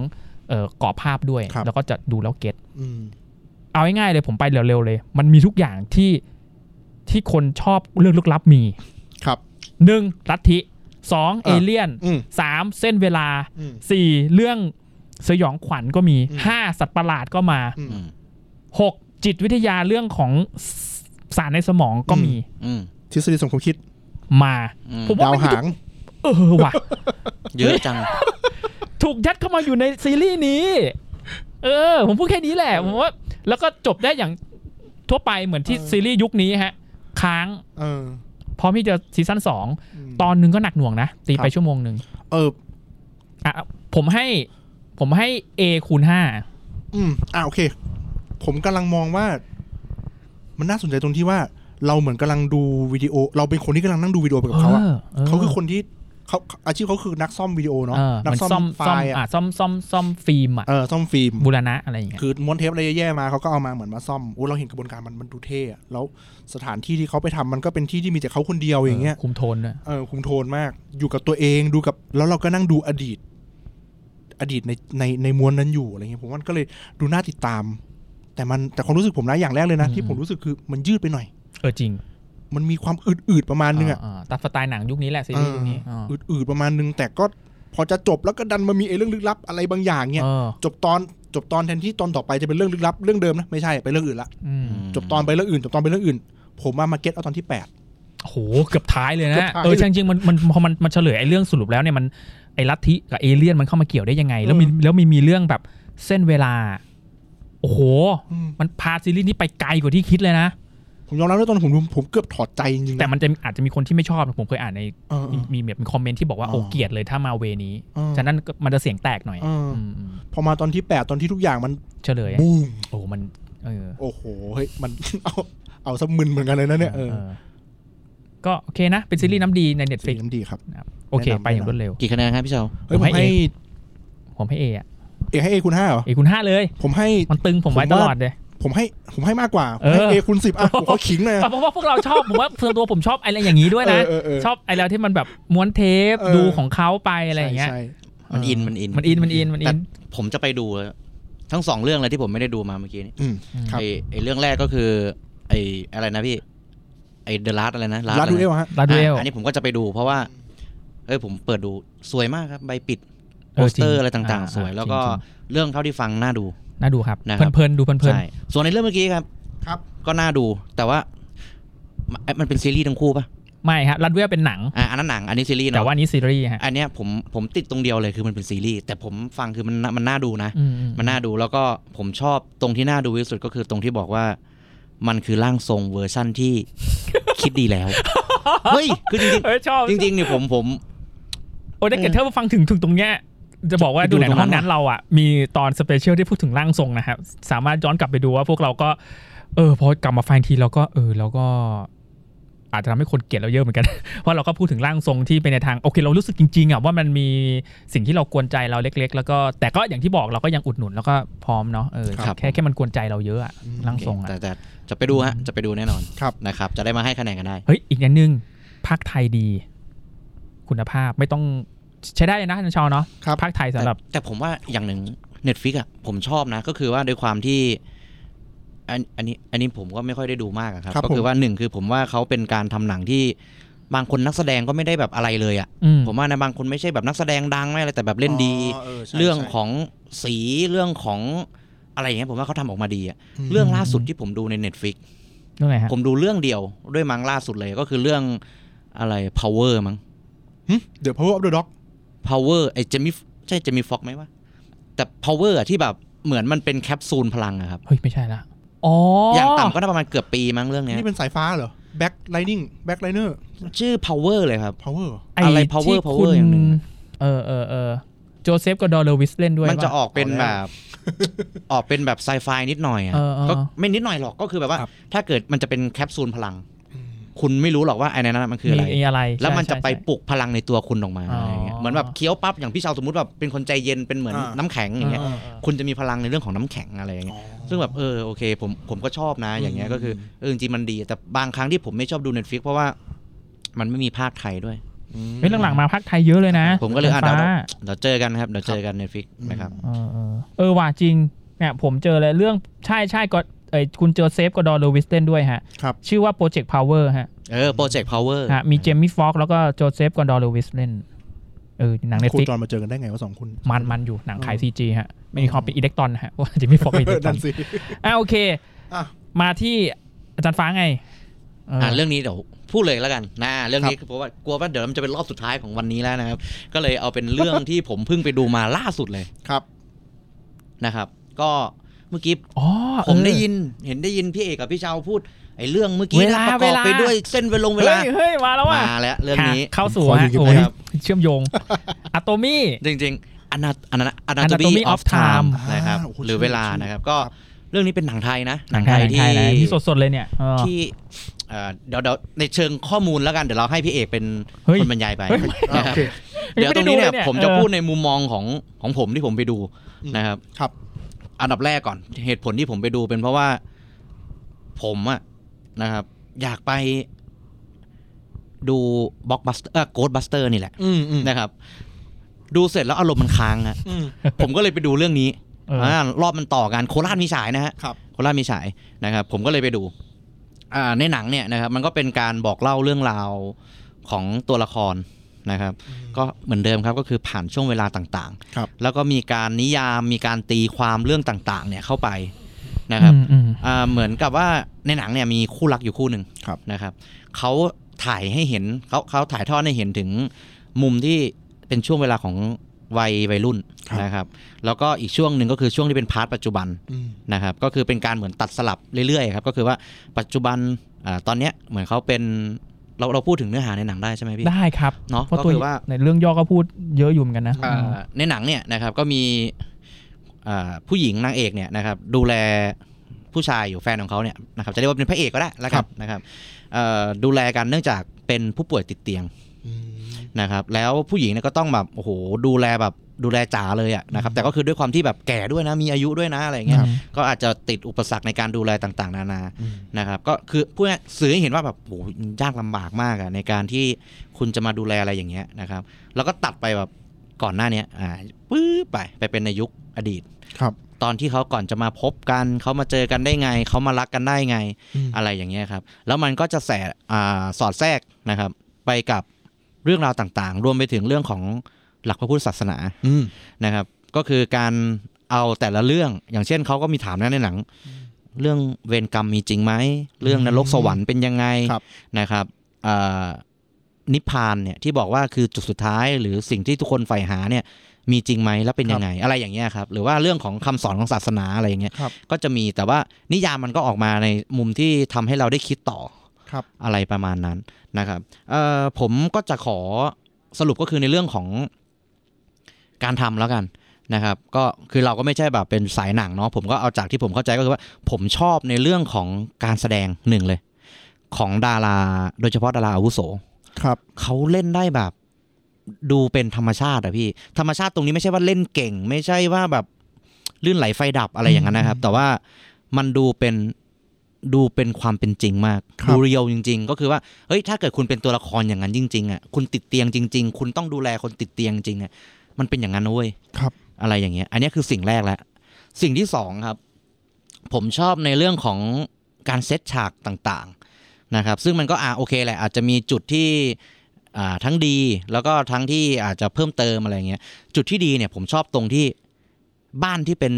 Speaker 2: เอ่อกรอบภาพด้วย
Speaker 3: ครับ
Speaker 2: แล้วก็จะดูแล้วเก็ต
Speaker 3: อืม
Speaker 2: เอาง่ายๆเลยผมไปเร็วๆเลย มันมีทุกอย่างที่ที่คนชอบเรื่องลึกลับมี
Speaker 3: ครับ
Speaker 2: หนึ่งลัทธิสองเอ
Speaker 3: อ่ะ
Speaker 2: เลี่ยน
Speaker 3: อืม
Speaker 2: สามเส้นเวลา
Speaker 3: อืม
Speaker 2: สี่เรื่องสยองขวัญก็มี
Speaker 3: อืม
Speaker 2: ห้าสัตว์ประหลาดก็มา
Speaker 3: อืม
Speaker 4: อืม
Speaker 2: หกจิตวิทยาเรื่องของสสารในสมองก็
Speaker 3: อืม
Speaker 2: มี
Speaker 4: อืม
Speaker 3: ทฤษฎีสมคบคิด
Speaker 2: มา
Speaker 4: อืม
Speaker 2: ผม
Speaker 3: ดาวหาง
Speaker 2: เออว่ะ
Speaker 4: เยอะจัง
Speaker 2: ถูกยัดเข้ามาอยู่ในซีรีส์นี้ เออ ผมพูดแค่นี้แหละ ผมว่า แล้วก็จบได้อย่างทั่วไปเหมือนที่
Speaker 3: เออ
Speaker 2: ซีรีส์ยุคนี้ฮะ ค้าง
Speaker 3: เออ
Speaker 2: พร้อมที่จะซีซั่นสอง
Speaker 3: ม
Speaker 2: ตอนหนึ่งก็หนักหน่วงนะ ตีไป
Speaker 3: ครับ
Speaker 2: ชั่วโมงหนึ่ง
Speaker 3: เออ
Speaker 2: อ่ะผมให้ ผมให้ A คูณห้า
Speaker 3: อืมอ่าโอเค ผมกำลังมองว่า มันน่าสนใจตรงที่ว่า เราเหมือนกำลังดูวิดีโอ เราเป็นคนที่กำลังนั่งดูวิดีโอไปกับเขาอะเขาคือคนที่เขาอาชีพเขาคือนักซ่อมวิดีโอเนาะ
Speaker 2: เออ
Speaker 3: นั
Speaker 2: เหมันซ่อม
Speaker 3: ไฟ
Speaker 2: ซ่อม
Speaker 3: ล์อะ
Speaker 2: อ่ะซ่อมซ่อมซ่อมฟิล์มอ่ะ
Speaker 3: เออซ่อมฟิล์ม
Speaker 2: บูรณะอะไรอย่างเงี้ย
Speaker 3: คือม้วนเทปอะไรแย่ๆมาเขาก็เอามาเหมือนมาซ่อมโอ้เราเห็นกระบวนการมันมันดูเท่อะแล้วสถานที่ที่เขาไปทำมันก็เป็นที่ที่มีแต่เขาคนเดียวอย่างเงี้ย
Speaker 2: คุมโทนด้วย
Speaker 3: เออคุมโทนมาก อยู่กับตัวเองดูกับแล้วเราก็นั่งดูอดีต อดีตในในในม้วนนั้นอยู่อะไรเงี้ยผมว่ามันก็เลยดูน่าติดตาม แต่มันแต่ความรู้สึกผมนะอย่างแรกเลยนะ ที่ผมรู้สึกคือมันยืดไปหน่อย
Speaker 2: เออจริง
Speaker 3: มันมีความอืดๆประมาณนึงอะ
Speaker 2: าาตัดสไตล์หนังยุคนี้แหละซีรีส์ยุคนี้อ่า
Speaker 3: อืดๆประมาณนึงแต่ก็พอจะจบแล้วก็ดันมามีไอ้เรื่องลึกลับอะไรบางอย่างเงี้ย
Speaker 2: เออ
Speaker 3: จบตอนจบตอนแทนที่ตอนต่อไปจะเป็นเรื่องลึกลับเรื่องเดิมนะไม่ใช่ไปเรื่องอื่นละ
Speaker 2: อืม
Speaker 3: จบตอนไปเรื่องอื่นจบตอนไปเรื่องอื่น ผมว่ามาเก็ตเอาตอนที่แปด
Speaker 2: โอ้โหเกือบท้ายเลย
Speaker 3: เกื
Speaker 2: นะ
Speaker 3: อบท้าย
Speaker 2: เออจริงจริงๆมันมันพอมันมันเฉลยไอ้เรื่องสรุปแล้วเนี่ยมันไอ้ลัทธิกับเอเลี่ยนมันเข้ามาเกี่ยวได้ยังไง แล้วมี
Speaker 3: เออ
Speaker 2: แล้วมีมีเรื่องแบบเส้นเวลา โอ้โห
Speaker 3: อืม
Speaker 2: มันพาซีรีส์นี้ไปไกลกว่าที่คิดเลยนะ
Speaker 3: ผมยอมรับว่าตอนนนผมดูผมเกือบถอดใจจริงๆนะ
Speaker 2: แต่มันจะอาจจะมีคนที่ไม่ชอบผมเคยอ่านใน
Speaker 3: เออ
Speaker 2: มีมีแบบมีคอมเมนต์ที่บอกว่า
Speaker 3: อ๋อ
Speaker 2: โอ้เกลียดเลยถ้ามาเวนี้
Speaker 3: เออ
Speaker 2: ฉะนั้นก็มันจะเสียงแตกหน่อย
Speaker 3: เอออื
Speaker 2: มอืม
Speaker 3: พอมาตอนที่แปดตอนที่ทุกอย่างมัน
Speaker 2: เฉลยอะ
Speaker 3: บูม
Speaker 2: โอ้มันเออ
Speaker 3: โอ้โหเฮ้ยมัน เอาเอาสมึนเหมือนกันเลยนะเนี่ยเออ
Speaker 2: เออก็โอเคนะ เป็นซีรีส์น้ำดีในเน็ตฟลิ
Speaker 3: สี
Speaker 2: ก
Speaker 3: น้ำดีครับ
Speaker 2: โอเค ไปอย่างรวดเร็ว
Speaker 4: กี่คะแนนครับพี่เชา
Speaker 3: เฮ้ย
Speaker 2: ผ
Speaker 3: ผม ม
Speaker 2: ให้
Speaker 3: ให้
Speaker 2: ผมให้เออะ
Speaker 3: เอให้เอคุณห้าเหรอ
Speaker 2: เอคุณห้าเลย
Speaker 3: ผมให้
Speaker 2: มันตึงผมไว้
Speaker 3: ผม
Speaker 2: ต
Speaker 3: ว่า
Speaker 2: ลอดเลย
Speaker 3: ผมให้ผมให้มากกว่าผมให้
Speaker 2: เออ
Speaker 3: เอคุณสิบ อ่ะผมขอขิงหน่อย
Speaker 2: อ่ะ
Speaker 3: อะ
Speaker 2: เพราะว่าพวกเราชอบ ผมว่าส่วนตัวผมชอบอะไรอย่างนี้ด้วยนะ
Speaker 3: เออเออเออ
Speaker 2: ชอบอะไรที่มันแบบม้วนเทป
Speaker 3: เออ
Speaker 2: ดูของเขาไปอะไรอย่างเงี้ย
Speaker 3: ใช่
Speaker 4: มันอินมันอิน
Speaker 2: มันอินมันอินมันอิ
Speaker 4: แต่
Speaker 2: น
Speaker 4: ผมจะไปดูทั้งสองเรื่องเลยที่ผมไม่ได้ดูมาเมื่อกี้นี้
Speaker 3: ๆอืม ครับ
Speaker 4: ไอไอเรื่องแรกก็คือ ไออะไรนะพี่ไอเดอะลาสอะไรนะ Last
Speaker 3: รัดดูเอวฮะ
Speaker 2: ลาดูเอล
Speaker 4: อ่ะอันนี้ผมก็จะไปดูเพราะว่า เอ้ยผมเปิดดูสวยมากครับ ใบปิด
Speaker 2: เอ
Speaker 4: โป
Speaker 2: อ
Speaker 4: สเตอ
Speaker 2: จริง
Speaker 4: ร์อะไรต่าง
Speaker 2: อ่า
Speaker 4: ๆ สวย
Speaker 2: อ่า
Speaker 4: แล้วก็
Speaker 2: จริง
Speaker 4: เรื่องเท่าที่ฟังน่าดู
Speaker 2: น่าดูครับ
Speaker 4: นะครับ
Speaker 2: เพลินๆดูเพลิน
Speaker 4: ใช่ส่วนในเรื่องเมื่อกี้ครับ
Speaker 3: ครับ
Speaker 4: ก็น่าดูแต่ว่ามันเอ้ยมันเป็นซีรีส์ทั้งคู่ป่ะ
Speaker 2: ๆไม่ฮะลาดูเอลเป็นหนัง
Speaker 4: อ่ะอันนั้นหนัง อันนี้ซีรีส์
Speaker 2: แต่
Speaker 4: เนาะ
Speaker 2: ว่าอันนี้ซีรีส์ฮะ
Speaker 4: อันเนี้ยผมผมติดตรงเดียวเลยคือมันเป็นซีรีส์แต่ผมฟังคือมันมันน่าดูนะ
Speaker 2: อืม
Speaker 4: มันน่าดูแล้วก็ผมชอบตรงที่น่าดูที่สุดก็คือตรงที่บอกว่า มันคือร่างทรงเวอร์ชั่นที่ คิดดี แล้ว เฮ้ย คือจริง
Speaker 2: เออชอบ
Speaker 4: ๆจริงๆเนี่ยผมผม
Speaker 2: โอ้ยถ้าเกิดเธอมาฟังถึงถึงตรงเนี้ยจะบอกว่า
Speaker 4: ไปดู
Speaker 2: ดูหนัง
Speaker 4: ตรงนั้
Speaker 2: ห้อ
Speaker 4: น
Speaker 2: งนั้นเราอ่ะมีตอนสเปเชียลที่พูดถึงร่างทรงนะครับสามารถย้อนกลับไปดูว่าพวกเราก็ เออพอกลับมาฟังอีกทีเราก็เออเราก็ อาจจะทำให้คนเกลียดเราเยอะเหมือนกัน เพราะเราก็พูดถึงร่างทรงที่เป็นในทางโอเคเรารู้สึกจริงๆอ่ะว่ามันมีสิ่งที่เรากวนใจเราเล็ก ๆ แล้วก็แต่ก็อย่างที่บอกเราก็ยังอุดหนุนแล้วก็พร้อมเนาะเออ
Speaker 4: ครับ
Speaker 2: แค่แค่มันกวนใจเราเยอะอ่ะร่างทรงอ่ะ
Speaker 4: แต่แต่จะไปดูฮะ จะไปดูแน่นอน
Speaker 3: ครับ
Speaker 4: นะครับ จะได้มาให้คะแนนกันได้
Speaker 2: เฮ้ยอีกอย่างหนึงภาคไทยดี คุณภาพไม่ต้องใช้ได้เลยนะท่านชาวเนาะ
Speaker 3: ครับ
Speaker 2: ภาคไทยสำหรับ
Speaker 4: แต่แต่ผมว่าอย่างหนึ่ง Netflix อ่ะผมชอบนะ ก็คือว่าโดวยความที่อันอันนี้อันนี้ผมก็ไม่ค่อยได้ดูมากอะครับ
Speaker 3: ครับ
Speaker 4: ก็คื
Speaker 3: ผ
Speaker 4: อ
Speaker 3: ม
Speaker 4: ว่าหนึ่งคือผมว่าเขาเป็นการทำหนังที่บางคนนักแสดงก็ไม่ได้แบบอะไรเลยอ่ะ
Speaker 2: อืม
Speaker 4: ผมว่านะบางคนไม่ใช่แบบนักแสดงดังไม่อะไรแต่แบบเล่นดี
Speaker 3: อ๋อใช่
Speaker 4: เรื่อง
Speaker 3: ใช่
Speaker 4: ของสีเรื่องของ อะไรอย่างเงี้ยผมว่าเขาทำออกมาดีอะเรื่องล่าสุดที่ผมดูใน Netflix
Speaker 2: เรื่องอะไรฮะ
Speaker 4: ผมดูเรื่องเดียวด้วยมั้งล่าสุดเลยก็คือเรื่องอะไร power มั้ง
Speaker 3: เดี๋ยวพาวเวอร์อัพเดอะด็อก
Speaker 4: power ไอ้เจมี่ใช่เจมี่ฟ็อกไหมวะแต่ power อะที่แบบเหมือนมันเป็นแคปซูลพลังอะครับ
Speaker 2: เฮ้ยไม่ใช่ละอ๋อ
Speaker 4: อ
Speaker 2: อย่าง
Speaker 4: ต่ำก็น่าประมาณเกือบปีมั้งเรื่องเนี้ย
Speaker 3: นี่เป็นสายฟ้าเหรอแบ็คไลนิ่งแบ็คไลเนอร์
Speaker 4: ชื่อ power เลยครับ
Speaker 3: พาวเวอร์
Speaker 4: อะไร
Speaker 2: ที่
Speaker 4: power power
Speaker 2: คุณ
Speaker 4: อย่างหนึ่ง
Speaker 2: เออเออเออโจเซฟกับดอลเลวิสเล่นด้วย
Speaker 4: มันจะ
Speaker 2: ป
Speaker 4: ออกเป็นแบบ ออกเป็นแบบไซไฟนิดหน่อยอะ
Speaker 2: เออเออ
Speaker 4: ก็ไม่นิดหน่อยหรอกก็คือแบบว่า ถ้าเกิดมันจะเป็นแคปซูลพลัง คุณไม่รู้หรอกว่าไอ้นั้นนะมันคืออะไร
Speaker 2: มีอะไร
Speaker 4: แล้วมันจะ
Speaker 2: ใช่ใช่
Speaker 4: ไป
Speaker 2: ใช่
Speaker 4: ปลุกพลังในตัวคุณออกมา
Speaker 2: อ๋ออ
Speaker 4: อะไรเงี้ยเหมือนแบบเคี้ยวปั๊บอย่างพี่เชาวสมมติแบบเป็นคนใจเย็นเป็นเหมือนน้ำแข็งอย่างเงี้ย
Speaker 2: อ่าอ่า
Speaker 4: คุณจะมีพลังในเรื่องของน้ำแข็งอะไรอย่างเงี้ยซึ่งแบบเออโอเคผมผมก็ชอบนะอย่างเงี้ยก็คือเออจริงๆมันดี แต่บางครั้งที่ผมไม่ชอบดูเน็ตฟิกเพราะว่ามันไม่มีภาคไทยด้วย
Speaker 2: เฮ้ยหลังๆมาพักไทยเยอะเลยนะ
Speaker 4: ผมก็เลยอ่ะเดี๋ยว
Speaker 2: ฟ้า
Speaker 4: เดี๋ยวเจอกันนะครับเดี๋ยวเจอกันเน็ตฟิกนะครับ
Speaker 2: เออเออเออว่าจริงเนี่ยผมเจอเลยเรื่องใช่ใช่ก็เอยคุณเจอเซฟกับดอนโลวิสเล่นด้วยฮะ
Speaker 3: ครับ
Speaker 2: ชื่อว่าโปรเจกต์พาวเวอร์ฮะ
Speaker 4: เออโปรเจกต์พาวเวอร์
Speaker 2: ฮะมีเจมมี่ฟ็อกแล้วก็โจเซฟกับดอนโลวิสเล่นเออหนังเน็ต
Speaker 3: โค
Speaker 2: ฟ i ิก
Speaker 3: จรมาเจอกันได้ไงว่าสองคน
Speaker 2: มันมันอยู่หนังขายซีจีฮะ ไม่มีความเป็นอิเล็กตรอนฮะเพรา ะเจมมี่ฟ็อกเป็นอิเล็กตรอ
Speaker 3: นั่
Speaker 2: น
Speaker 3: นสิ
Speaker 2: อ่ะโอเค
Speaker 3: อ่ะ
Speaker 2: มาที่อาจารย์ฟ้าไงเอออ
Speaker 4: อ่าเรื่องนี้เดี๋ยวพูดเลยแล้วกันนะเรื่องนี้คือเพราะว่ากลัวว่าเดี๋ยวมันจะเป็นรอบสุดท้ายของวันนี้แล้วนะครับ ก็เลยเอาเป็นเรื่องที่ผมเพิ่งไปดูมาล่าสุดเลย
Speaker 3: ครับ
Speaker 4: นะครับ ก็เมื่อกี้
Speaker 2: อ๋อเออ
Speaker 4: ผมได้ยินเห็นได้ยินพี่เอกกับพี่เชาวพูดไอ้เรื่องเมื่อกี้
Speaker 2: เว
Speaker 4: นะ
Speaker 2: ลา
Speaker 4: ประก
Speaker 2: เว
Speaker 4: อบ
Speaker 2: ลา
Speaker 4: ไปด้วยเส้นเวลงเว
Speaker 2: เฮ้
Speaker 4: ลาย
Speaker 2: เฮ้ยมาแล้วอ่ะ
Speaker 4: มาแล้วเรื่องนี้
Speaker 2: ค่ะเข้าสู่
Speaker 3: ผมขออยู่
Speaker 2: ฮะ
Speaker 3: ค
Speaker 2: โอ้
Speaker 3: ลิป
Speaker 2: ย
Speaker 3: แรกครับ
Speaker 2: เชื่อมโยงอะโตมี่
Speaker 4: จริงๆอนาอนาอนา
Speaker 2: Anatomy
Speaker 4: of
Speaker 2: of Time
Speaker 4: time นะครับ
Speaker 3: อ่าโอ้โห
Speaker 4: หรือเวลานะครับ ก็เรื่องนี้เป็นหนังไทยนะ
Speaker 2: หนังไทยนะที่สดๆเลยเนี่ยเออ
Speaker 4: ที่เอ่อเดี๋ยวเดี๋ยวในเชิงข้อมูลแล้วกันเดี๋ยวเราให้พี่เอกเป็น
Speaker 2: เฮ้ย
Speaker 4: คนบรรยายไป
Speaker 3: อ่า
Speaker 4: นะค
Speaker 3: โอ
Speaker 4: รับ
Speaker 3: เค
Speaker 4: เดี๋ยวตรงนี้เนี่ย
Speaker 2: ไม่ไ
Speaker 4: ผมจะ
Speaker 2: เออ
Speaker 4: พูดในมุมมองของของผมที่ผมไปดู
Speaker 3: อืม
Speaker 4: นะครับ
Speaker 3: ครับ
Speaker 4: อันดับแรกก่อนเหตุผลที่ผมไปดูเป็นเพราะว่า ผมอะนะครับ อยากไปดูบ็อกบัสเตอร์โกดบัสเตอร์นี่แหละ
Speaker 3: อืมอืม
Speaker 4: นะครับ ดูเสร็จแล้วอารมณ์มันค้างอะ
Speaker 3: อืม
Speaker 4: ผมก็เลยไปดูเรื่องนี้
Speaker 2: เออ
Speaker 4: อ่ารอบมันต่อกันโคราชมีฉายนะฮะ
Speaker 3: ครับ
Speaker 4: โคราชมีฉายนะครับ ผมก็เลยไปดู อ่าในหนังเนี่ยนะครับ มันก็เป็นการบอกเล่าเรื่องราวของตัวละครนะครับ ก็เหมือนเดิมครับก็คือผ่านช่วงเวลาต่าง
Speaker 3: ครับ
Speaker 4: ๆ แล้วก็มีการนิยามมีการตีความเรื่องต่างๆ เนี่ยเข้าไปนะครับ
Speaker 2: อืมอืม
Speaker 4: อ่าเหมือนกับว่าในหนังเนี่ยมีคู่รักอยู่คู่หนึ่ง
Speaker 3: ครับ
Speaker 4: นะครับเขาถ่ายให้เห็นเขาเขาถ่ายทอดให้เห็นถึงมุมที่เป็นช่วงเวลาของวัยวัยรุ่นนะครับ แล้วก็อีกช่วงหนึ่งก็คือช่วงที่เป็นพาร์ทปัจจุบัน
Speaker 3: อืม
Speaker 4: นะครับก็คือเป็นการเหมือนตัดสลับเรื่อยๆครับก็คือว่าปัจจุบันอาตอนเนี้ยเหมือนเขาเป็นเราเราพูดถึงเนื้อหาในหนังได้ใช่ไหมพี่
Speaker 2: ได้ครับ
Speaker 4: เนาะ
Speaker 2: เพราะ
Speaker 4: ก็
Speaker 2: ตัว
Speaker 4: คือว่า
Speaker 2: ในเรื่องย่อก็พูดเยอะอยู่เหมือนกันนะ
Speaker 4: อ่าในหนังเนี่ยนะครับก็มีอ่าผู้หญิงนางเอกเนี่ยนะครับดูแลผู้ชายอยู่แฟนของเขาเนี่ยนะครับจะเรียกว่าเป็นพระเอกก็ได้แล้วกันนะครับเอ่อดูแลกันเนื่องจากเป็นผู้ป่วยติดเตียงนะครับแล้วผู้หญิงเนี่ยก็ต้องแบบโอ้โหดูแลแบบดูแลจ๋าเลยอะนะครับแต่ก็คือด้วยความที่แบบแก่ด้วยนะมีอายุด้วยนะอะไรอย่างเงี้ย ก็อาจจะติดอุปสรรคในการดูแลต่างๆ นานา นะครับ ก็คือพูดง่ายๆสื่อให้เห็นว่าแบบโหยากลำบากมากอะในการที่คุณจะมาดูแลอะไรอย่างเงี้ยนะครับ แล้วก็ตัดไปแบบก่อนหน้าเนี้ยอ่าปื๊บไปไปเป็นในยุคอดีต
Speaker 3: ครับ
Speaker 4: ตอนที่เขาก่อนจะมาพบกันเขามาเจอกันได้ไง เขามารักกันได้ไง
Speaker 3: อืม
Speaker 4: อะไรอย่างเงี้ยครับ แล้วมันก็จะแสอ่าสอดแทรกนะครับ ไปกับเรื่องราวต่างๆ รวมไปถึงเรื่องของหลักพระพุทธศาสนา
Speaker 3: อืม
Speaker 4: นะครับก็คือการเอาแต่ละเรื่องอย่างเช่นเขาก็มีถามนะในหนัง เรื่องเวรกรรมมีจริงไหม เรื่องนรกสวรรค์เป็นยังไง
Speaker 3: ครับ
Speaker 4: นะครับเอ่อนิพพานเนี่ยที่บอกว่าคือจุดสุดท้าย หรือสิ่งที่ทุกคนใฝ่หาเนี่ยมีจริงไหมแล้วเป็นยังไง อะไรอย่างเงี้ยครับหรือว่าเรื่องของคำสอนของศาสนาอะไรอย่างเงี้ยก็จะมีแต่ว่านิยามมันก็ออกมาในมุมที่ทำให้เราได้คิดต่อ
Speaker 3: ครับ
Speaker 4: อะไรประมาณนั้นนะครับเอ่อผมก็จะขอสรุปก็คือในเรื่องของ การทำแล้วกันนะครับก็คือเราก็ไม่ใช่แบบเป็นสายหนังเนาะผมก็เอาจากที่ผมเข้าใจก็คือว่า ผมชอบในเรื่องของการแสดงหนึ่งเลย ของดาราโดยเฉพาะดาราอาวุโส
Speaker 3: ครับ
Speaker 4: เขาเล่นได้แบบ ดูเป็นธรรมชาติอะพี่ ธรรมชาติตรงนี้ไม่ใช่ว่าเล่นเก่ง ไม่ใช่ว่าแบบลื่นไหลไฟดับอะไรอย่างนั้นนะครับ แต่ว่ามันดูเป็นดูเป็นความเป็นจริงมาก
Speaker 3: ครับ
Speaker 4: ดูเรียวจริง ๆ ก็คือว่าเฮ้ยถ้าเกิดคุณเป็นตัวละครอย่างนั้นจริงๆอะคุณติดเตียงจริง ๆ คุณต้องดูแลคนติดเตียงจริงอะ มันเป็นอย่างนั้นนะเว้ย
Speaker 3: ครับ
Speaker 4: อะไรอย่างเงี้ย อันเนี้ยคือสิ่งแรกแล้ว สิ่งที่สองครับ ผมชอบในเรื่องของการเซตฉากต่างๆนะครับ ซึ่งมันก็อ่าโอเคแหละ อาจจะมีจุดที่อ่าทั้งดีแล้วก็ทั้งที่อาจจะเพิ่มเติมอะไรอย่างเงี้ย จุดที่ดีเนี่ยผมชอบตรงที่บ้านที่เป็น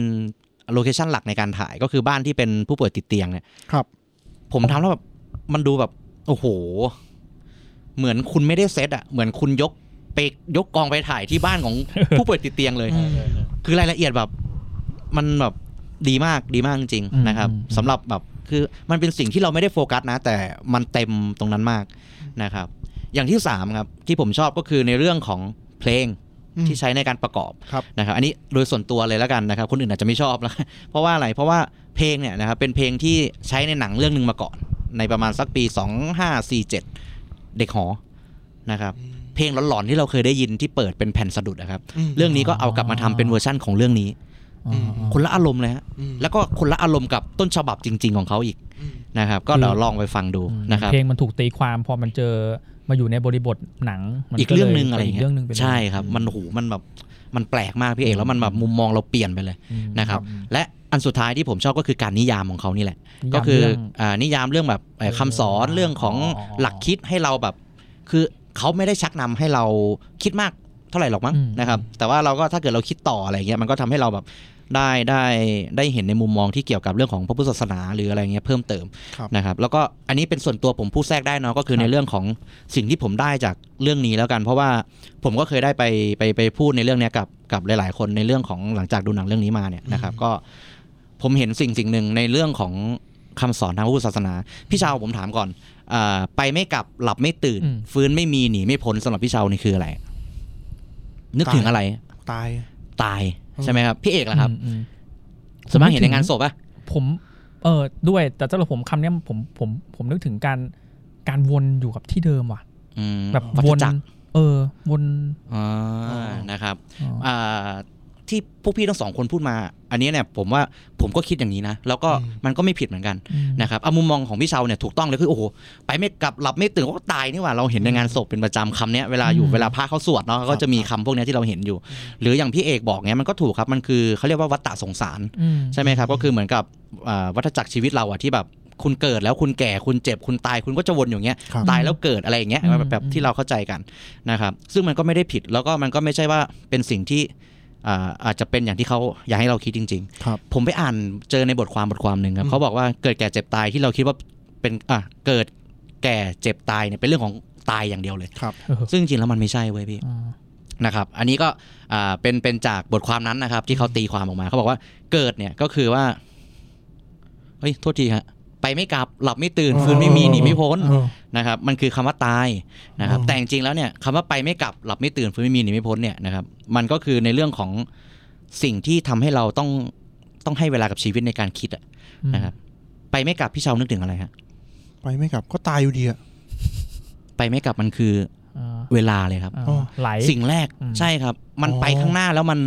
Speaker 4: โลเคชันหลักในการถ่ายก็คือบ้านที่เป็นผู้ป่วยติดเตียงเนี่ย
Speaker 3: ครับ
Speaker 4: ผมทำแล้วแบบมันดูแบบโอ้โห เหมือนคุณไม่ได้เซตอะเหมือนคุณยกไปยกกองไปถ่ายที่บ้าน ของ ผู้ป่วยติดเตียงเลย คือรายละเอียดแบบ มันแบบดีมากดีมากจริง
Speaker 2: อืม
Speaker 4: ๆนะครับ
Speaker 2: อืม
Speaker 4: สำหรับแบบคือมันเป็นสิ่งที่เราไม่ได้โฟกัสนะ แต่มันเต็มตรงนั้นมากนะครับ อย่างที่สามครับที่ผมชอบก็คือในเรื่องของเพลง
Speaker 3: อืม
Speaker 4: ที่ใช้ในการประกอบ
Speaker 3: ครับ
Speaker 4: นะครับ อันนี้โดยส่วนตัวเลยแล้วกันนะครับ คนอื่นอาจจะไม่ชอบนะ เพราะว่าอะไรเพราะว่าเพลงเนี่ยนะครับเป็นเพลงที่ใช้ในหนังเรื่องหนึ่งมาก่อน ในประมาณสักปี 2547 เด็กหอนะครับ เพลงหลอนๆที่เราเคยได้ยินที่เปิดเป็นแผ่นสะดุดนะครับ เรื่องนี้ก็เอากลับมาทำเป็นเวอร์ชั่นของเรื่องนี้
Speaker 2: อ๋ออ๋อ
Speaker 4: คนละอารมณ์เลยฮะ
Speaker 3: อืม
Speaker 4: แล้วก็คนละอารมณ์กับต้นฉบับจริง ๆ ของเขาอีกนะครับ ก็เดี๋ยว
Speaker 2: คือ
Speaker 4: ลองไปฟังดูนะครับ
Speaker 2: เพลงมันถูกตีความพอมันเจอมาอยู่ในบริบทหนังมัน
Speaker 4: อีกเรื่องหนึ่ง
Speaker 2: ล
Speaker 4: อะไรอย่า
Speaker 2: ก
Speaker 4: งเงี้
Speaker 2: เรื่
Speaker 4: ย
Speaker 2: องหนึ่งไปเลย
Speaker 4: ใช่ครับ มันหูมันแบบมันแปลกมากพี่เอกแล้วมันแบบมุมมองเราเปลี่ยนไปเลย
Speaker 2: อืม
Speaker 4: นะครับ และอันสุดท้ายที่ผมชอบก็คือการนิยามของเขานี่แหละ
Speaker 2: นิยาม
Speaker 4: ก็คือ
Speaker 2: เรื่อง
Speaker 4: อ่านิยามเรื่องแบบเอ่อ
Speaker 2: เออ
Speaker 4: คำสอน
Speaker 2: อ่า
Speaker 4: เรื่องของ
Speaker 2: อ๋อ
Speaker 4: หลักคิดให้เราแบบ คือเขาไม่ได้ชักนำให้เราคิดมากเท่าไหร่หรอกมั้ง
Speaker 2: อืม
Speaker 4: นะครับ แต่ว่าเราก็ถ้าเกิดเราคิดต่ออะไรเงี้ยมันก็ทำให้เราแบบได้ได้ได้เห็นในมุมมองที่เกี่ยวกับเรื่องของพระพุทธศาสนาหรืออะไรเงี้ยเพิ่มเติม
Speaker 3: ครับ
Speaker 4: นะครับ แล้วก็อันนี้เป็นส่วนตัวผมพูดแทรกได้เนาะก็คือในเรื่องของสิ่งที่ผมได้จากเรื่องนี้แล้วกัน เพราะว่าผมก็เคยได้ไปไปไปพูดในเรื่องเนี้ยกับกับหลาย ๆ คนในเรื่องของหลังจากดูหนังเรื่องนี้มาเนี่ยนะครับ ก็ ผมเห็นสิ่งสิ่งหนึ่งในเรื่องของคำสอนทางพระพุทธศาสนา พี่ชาวผมถามก่อนอาไปไม่กลับหลับไม่ตื่น
Speaker 2: อืม
Speaker 4: ฟื้นไม่มีหนีไม่พ้นสำหรับพี่ชาวนี่คืออะไร นึกถึงอะไร
Speaker 3: ตาย
Speaker 4: ตายใช่ไหมครับ พี่เอกล่ะครับ
Speaker 2: อืมอืม
Speaker 4: ส่วนมากเห็นในงานศพอะ
Speaker 2: ผมเออด้วยแต่สำหรับผมคำเนี้ยผมผมผมนึกถึงการการวนอยู่กับที่เดิมว่ะ
Speaker 4: อืม
Speaker 2: แบบ
Speaker 4: วั
Speaker 2: ว
Speaker 4: ฏ
Speaker 2: น
Speaker 4: จักร
Speaker 2: เออวน
Speaker 4: อ่านะครับ
Speaker 2: อ๋ออ
Speaker 4: อ่าที่พวกพี่ทั้งสองคนพูดมา อันนี้เนี่ยผมว่าผมก็คิดอย่างนี้นะ แล้วก็
Speaker 3: อืม
Speaker 4: มันก็ไม่ผิดเหมือนกัน
Speaker 2: อืม
Speaker 4: นะครับเอามุมมองของพี่เชาเนี่ยถูกต้องเลยคือโอ้โหไปไม่กลับหลับไม่ตื่นก็ตายนี่หว่าเราเห็นในงานศพเป็นประจำคำเนี้ยเวลาอยู่เวลาพระเขาสวดเนาะเขาก็จะมีคำพวกเนี้ยที่เราเห็นอยู่ หรืออย่างพี่เอกบอกเนี้ยมันก็ถูกครับมันคือเขาเรียกว่าวัฏฏะสงสาร
Speaker 2: อืม
Speaker 4: ใช่ไหมครับ ก็คือเหมือนกับอ่าวัฏจักรชีวิตเราอะที่แบบคุณเกิดแล้วคุณแก่คุณเจ็บคุณตายคุณก็จะวนอย่างเงี้ย
Speaker 3: ครับ
Speaker 4: ตายแล้วเกิดอะไรอย่างเงี้ย
Speaker 2: อืม
Speaker 4: แบบ
Speaker 2: อืม
Speaker 4: ที่เราเข้าใจกันนะครับ ซึ่งมันก็ไม่ได้ผิดแล้วก็มันก็ไม่ใช่ว่าเป็นสิ่งที่อ่าอาจจะเป็นอย่างที่เขาอยากให้เราคิดจริง
Speaker 3: ครับ
Speaker 4: ๆ ผมไปอ่านเจอในบทความบทความหนึ่งครับเขาบอกว่าเกิดแก่เจ็บตายที่เราคิดว่าเป็นอ่ะเกิดแก่เจ็บตายเนี่ยเป็นเรื่องของตายอย่างเดียวเลย
Speaker 3: ครับ
Speaker 2: เออ
Speaker 4: ซึ่งจริงๆแล้วมันไม่ใช่เว้ยพี่
Speaker 2: อ่า
Speaker 4: นะครับ อันนี้ก็อ่าเป็นเป็นจากบทความนั้นนะครับ ที่เขาตีความออกมาเขาบอกว่าเกิดเนี่ยก็คือว่าเฮ้ยโทษทีฮะไปไม่กลับหลับไม่ตื่นฟื้นไม่มีหนีไม่พ้นนะครับ มันคือคำว่าตายนะครับ แต่จริงๆแล้วเนี่ยคำว่าไปไม่กลับหลับไม่ตื่นฟื้นไม่มีหนีไม่พ้นเนี่ยนะครับ มันก็คือในเรื่องของสิ่งที่ทำให้เราต้องต้องให้เวลากับชีวิตในการคิดอะนะครับ ไปไม่กลับพี่เชาวนึกถึงอะไรฮะ
Speaker 3: ไปไม่กลับก็ตายอยู่ดีอะ
Speaker 4: ไปไม่กลับมันคือ
Speaker 2: อ่า
Speaker 4: เวลาเลยครับ
Speaker 2: อ่า
Speaker 3: อ๋อ
Speaker 2: ไหล
Speaker 4: สิ่งแรก
Speaker 2: อืม
Speaker 4: ใช่ครับ มัน
Speaker 3: อ๋อ
Speaker 4: ไปข้างหน้าแล้วมัน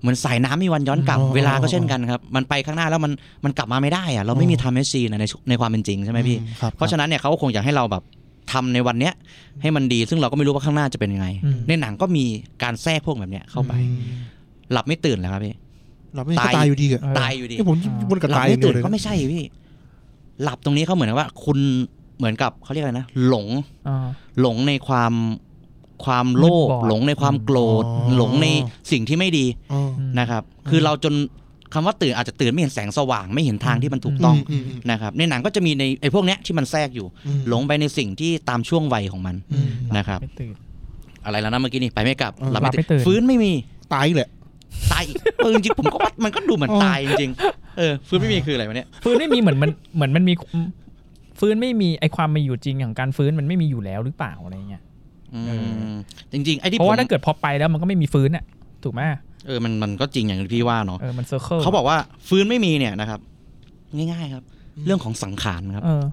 Speaker 4: เหมือนสายน้ำมีวันย้อนกลับ
Speaker 3: อ๋อ
Speaker 4: เวลาก็เช่นกันครับ มันไปข้างหน้าแล้วมันมันกลับมาไม่ได้อะเราไม่มี
Speaker 3: อ๋อ
Speaker 4: ทำเอซีในในความเป็นจริงใช่ไหมพี่
Speaker 3: อืครับ
Speaker 4: เพราะฉะนั้นเนี่ยเขาก็คงอยากให้เราแบบทำในวันเนี้ยให้มันดีซึ่งเราก็ไม่รู้ว่าข้างหน้าจะเป็นยังไง
Speaker 2: อืม
Speaker 4: ในหนังก็มีการแทรกพวกแบบเนี้ยเข้าไป
Speaker 3: อืม
Speaker 4: หลับไม่ตื่นแล้วครับพี่
Speaker 3: เราไม่
Speaker 4: ตาย
Speaker 3: ก็ตายอยู่ดีอะ
Speaker 2: เออ
Speaker 4: ตายอยู่ดี
Speaker 3: นี่ผมวนกับ
Speaker 4: หลั
Speaker 3: ตายอ
Speaker 4: ไม่
Speaker 3: ย่างเดีย
Speaker 4: ตื่
Speaker 3: วเลย
Speaker 4: นก็
Speaker 3: นะ
Speaker 4: ไม่ใช่พี่ หลับตรงนี้เขาเหมือนกับว่า คุณเหมือนกับเขาเรียกอะไรนะหลง
Speaker 2: อ่า
Speaker 4: หลงในความความโลภ
Speaker 2: มืดบอด
Speaker 4: หลงในความโกรธ
Speaker 3: อ๋อ
Speaker 4: หลงในสิ่งที่ไม่ดี
Speaker 3: อ๋อ
Speaker 4: นะครับ คือเราจนคำว่าตื่นอาจจะตื่นไม่เห็นแสงสว่างไม่เห็นทางที่มันถูกต้อง
Speaker 3: มม
Speaker 4: นะครับ ในหนังก็จะมีในไอ้พวกเนี้ยที่มันแทรกอยู่
Speaker 3: อืม
Speaker 4: หลงไปในสิ่งที่ตามช่วงวัยของมัน
Speaker 3: อืม
Speaker 4: นะครับ
Speaker 2: ไม่ตื่น
Speaker 4: อะไรแล้วนะเมื่อกี้นี่ไปไม่กลับ
Speaker 3: เออ
Speaker 4: หลับไม่
Speaker 2: หลับไม่ตื่
Speaker 4: ตื่น
Speaker 2: น
Speaker 4: ฟื้นไม่มี
Speaker 3: ตายอีกแหละ
Speaker 4: ตายอีกเออจริงๆผมก็ว่ามันก็ดูเหมือน
Speaker 3: เออ
Speaker 4: ตายจริงๆเออฟื้นไม่มีคืออะไรวะเนี่ย
Speaker 2: ฟื้นไม่มีเหมือนมันเหมือนมันมีฟื้นไม่มีไอความมีอยู่จริงของการฟื้นมันไม่มีอยู่แล้วหรือเปล่าอะไรเงี้ย
Speaker 4: อืมจริงๆไอ้ที่
Speaker 2: เพ
Speaker 4: ผ
Speaker 2: ราะ
Speaker 4: ม
Speaker 2: ว่าถ้าเกิดพอไปแล้วมันก็ไม่มีฟื้นอ่ะถูกไหม
Speaker 4: เออมันมันก็จริงอย่างที่พี่ว่าเนาะ
Speaker 2: เออมันเซอร์เคิล
Speaker 4: เขาบอกว่าฟื้นไม่มีเนี่ยนะครับ ง่ายๆครับ เรื่องของสังขารครับ
Speaker 2: เออ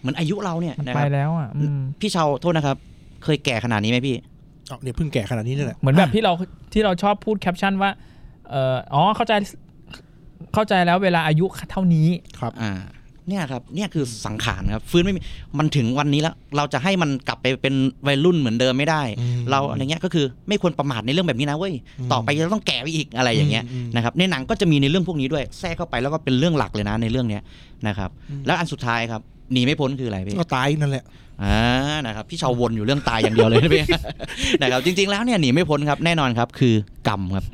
Speaker 4: เหมือนอายุเราเนี่ย
Speaker 2: มัน
Speaker 4: นะ
Speaker 2: ไป
Speaker 4: ครับ
Speaker 2: แล้วอ่ะอืม
Speaker 4: พี่เชาโทษนะครับ เคยแก่ขนาดนี้ไหมพี่
Speaker 3: เอาเนี่ยเพิ่งแก่ขนาดนี้นี่แหละ
Speaker 2: เหมือนแบบที่เราที่เราชอบพูดแคปชั่นว่าเอ่ออ๋อเข้าใจเข้าใจแล้วเวลาอายุเท่านี้
Speaker 3: ครับ
Speaker 4: อ่าเนี่ยครับเนี่ยคือสังขารครับฟื้นไม่มีมันถึงวันนี้แล้ว เราจะให้มันกลับไปเป็นวัยรุ่นเหมือนเดิมไม่ได้
Speaker 3: อืม
Speaker 4: เราอะไรเงี้ยก็คือไม่ควรประมาทในเรื่องแบบนี้นะเว้ย
Speaker 3: อืม
Speaker 4: ต่อไปจะต้องแก่ไปอีกอะไรอย่างเงี้ย
Speaker 3: อืมอืม
Speaker 4: นะครับในหนังก็จะมีในเรื่องพวกนี้ด้วยแทรกเข้าไปแล้วก็เป็นเรื่องหลักเลยนะในเรื่องเนี้ยนะครับแล้วอันสุดท้ายครับหนีไม่พ้นคืออะไรพี่
Speaker 3: ก็ตายนั่นแหละ
Speaker 4: อ่านะครับพี่ชาววนอยู่เรื่องตายอย่างเดียวเลยนะพี่ นะครับจริงๆแล้วเนี่ยหนีไม่พ้นครับแน่นอนครับคือกรรมครับ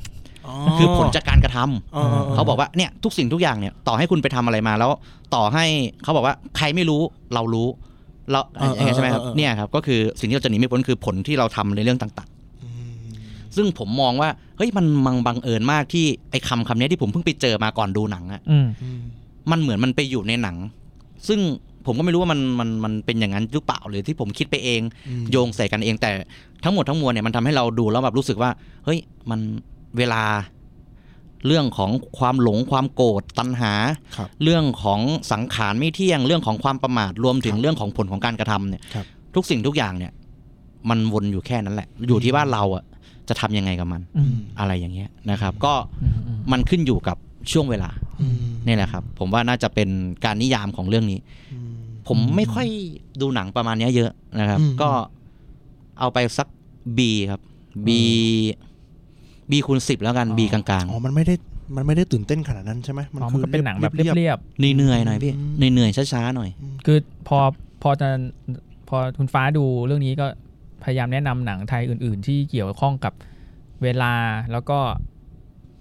Speaker 3: อ๋
Speaker 4: คือผลจากการกระทำ
Speaker 3: อ๋ออ๋ออ๋อ
Speaker 4: เขาบอกว่าเนี่ยทุกสิ่งทุกอย่างเนี่ยต่อให้คุณไปทำอะไรมาแล้ว ต่อให้เขาบอกว่าใครไม่รู้เรารู้เราอย่างเงี้ยใช่ไหมครับ
Speaker 3: เออเออเออ
Speaker 4: เนี่ยครับก็คือสิ่งที่เราจะหนีไม่พ้นคือผลที่เราทำในเรื่องต่าง ๆ ซึ่งผมมองว่าเฮ้ยมันมังบังเอิญมากที่ไอ้คำคำเนี้ยที่ผมเพิ่งไปเจอมาก่อนดูหนังอะ
Speaker 2: อืม
Speaker 4: มันเหมือนมันไปอยู่ในหนัง ซึ่งผมก็ไม่รู้ว่ามันมันมันเป็นอย่างนั้นหรือเปล่าหรือที่ผมคิดไปเอง โยงใส่กันเองแต่ทั้งหมดทั้งมวลเนี่ยมันทำให้เราดูแล้วแบบรู้สึกว่า เฮ้ยมันเวลา เรื่องของความหลงความโกรธตัณหา
Speaker 3: ครับ
Speaker 4: เรื่องของสังขารไม่เที่ยงเรื่องของความประมาทรวมถึงเรื่องของผลของการกระทำเนี่ย
Speaker 3: ครับ
Speaker 4: ทุกสิ่งทุกอย่างเนี่ย มันวนอยู่แค่นั้นแหละ อยู่ที่ว่าเราอะจะทำยังไงกับมัน
Speaker 2: อืม
Speaker 4: อะไรอย่างเงี้ยนะครับ ก็
Speaker 2: อืมอืม
Speaker 4: มันขึ้นอยู่กับช่วงเวลา นี่แหละครับ ผมว่าน่าจะเป็นการนิยามของเรื่องนี้ ผมไม่ค่อยดูหนังประมาณเนี้ยเยอะนะครับ
Speaker 3: อืม
Speaker 4: ก็เอาไปสัก B ครับ B B คูณสิบแล้วกัน B กลาง
Speaker 3: อ๋อมันไม่ได้มันไม่ได้ตื่นเต้นขนาดนั้นใช่ไหม
Speaker 2: อ๋อ
Speaker 3: คื
Speaker 2: มันก็เป็นหนังแบบเ
Speaker 3: ๆ
Speaker 2: รียบ
Speaker 4: ๆเหนื่อยๆหน่อยพี่
Speaker 3: อืม
Speaker 4: เหนื่อยๆช้าๆหน่อย
Speaker 2: ๆคือพอพอจะพอคุณฟ้าดูเรื่องนี้ก็พยายามแนะนำหนังไทยอื่น ๆ ที่เกี่ยวข้องกับเวลาแล้วก็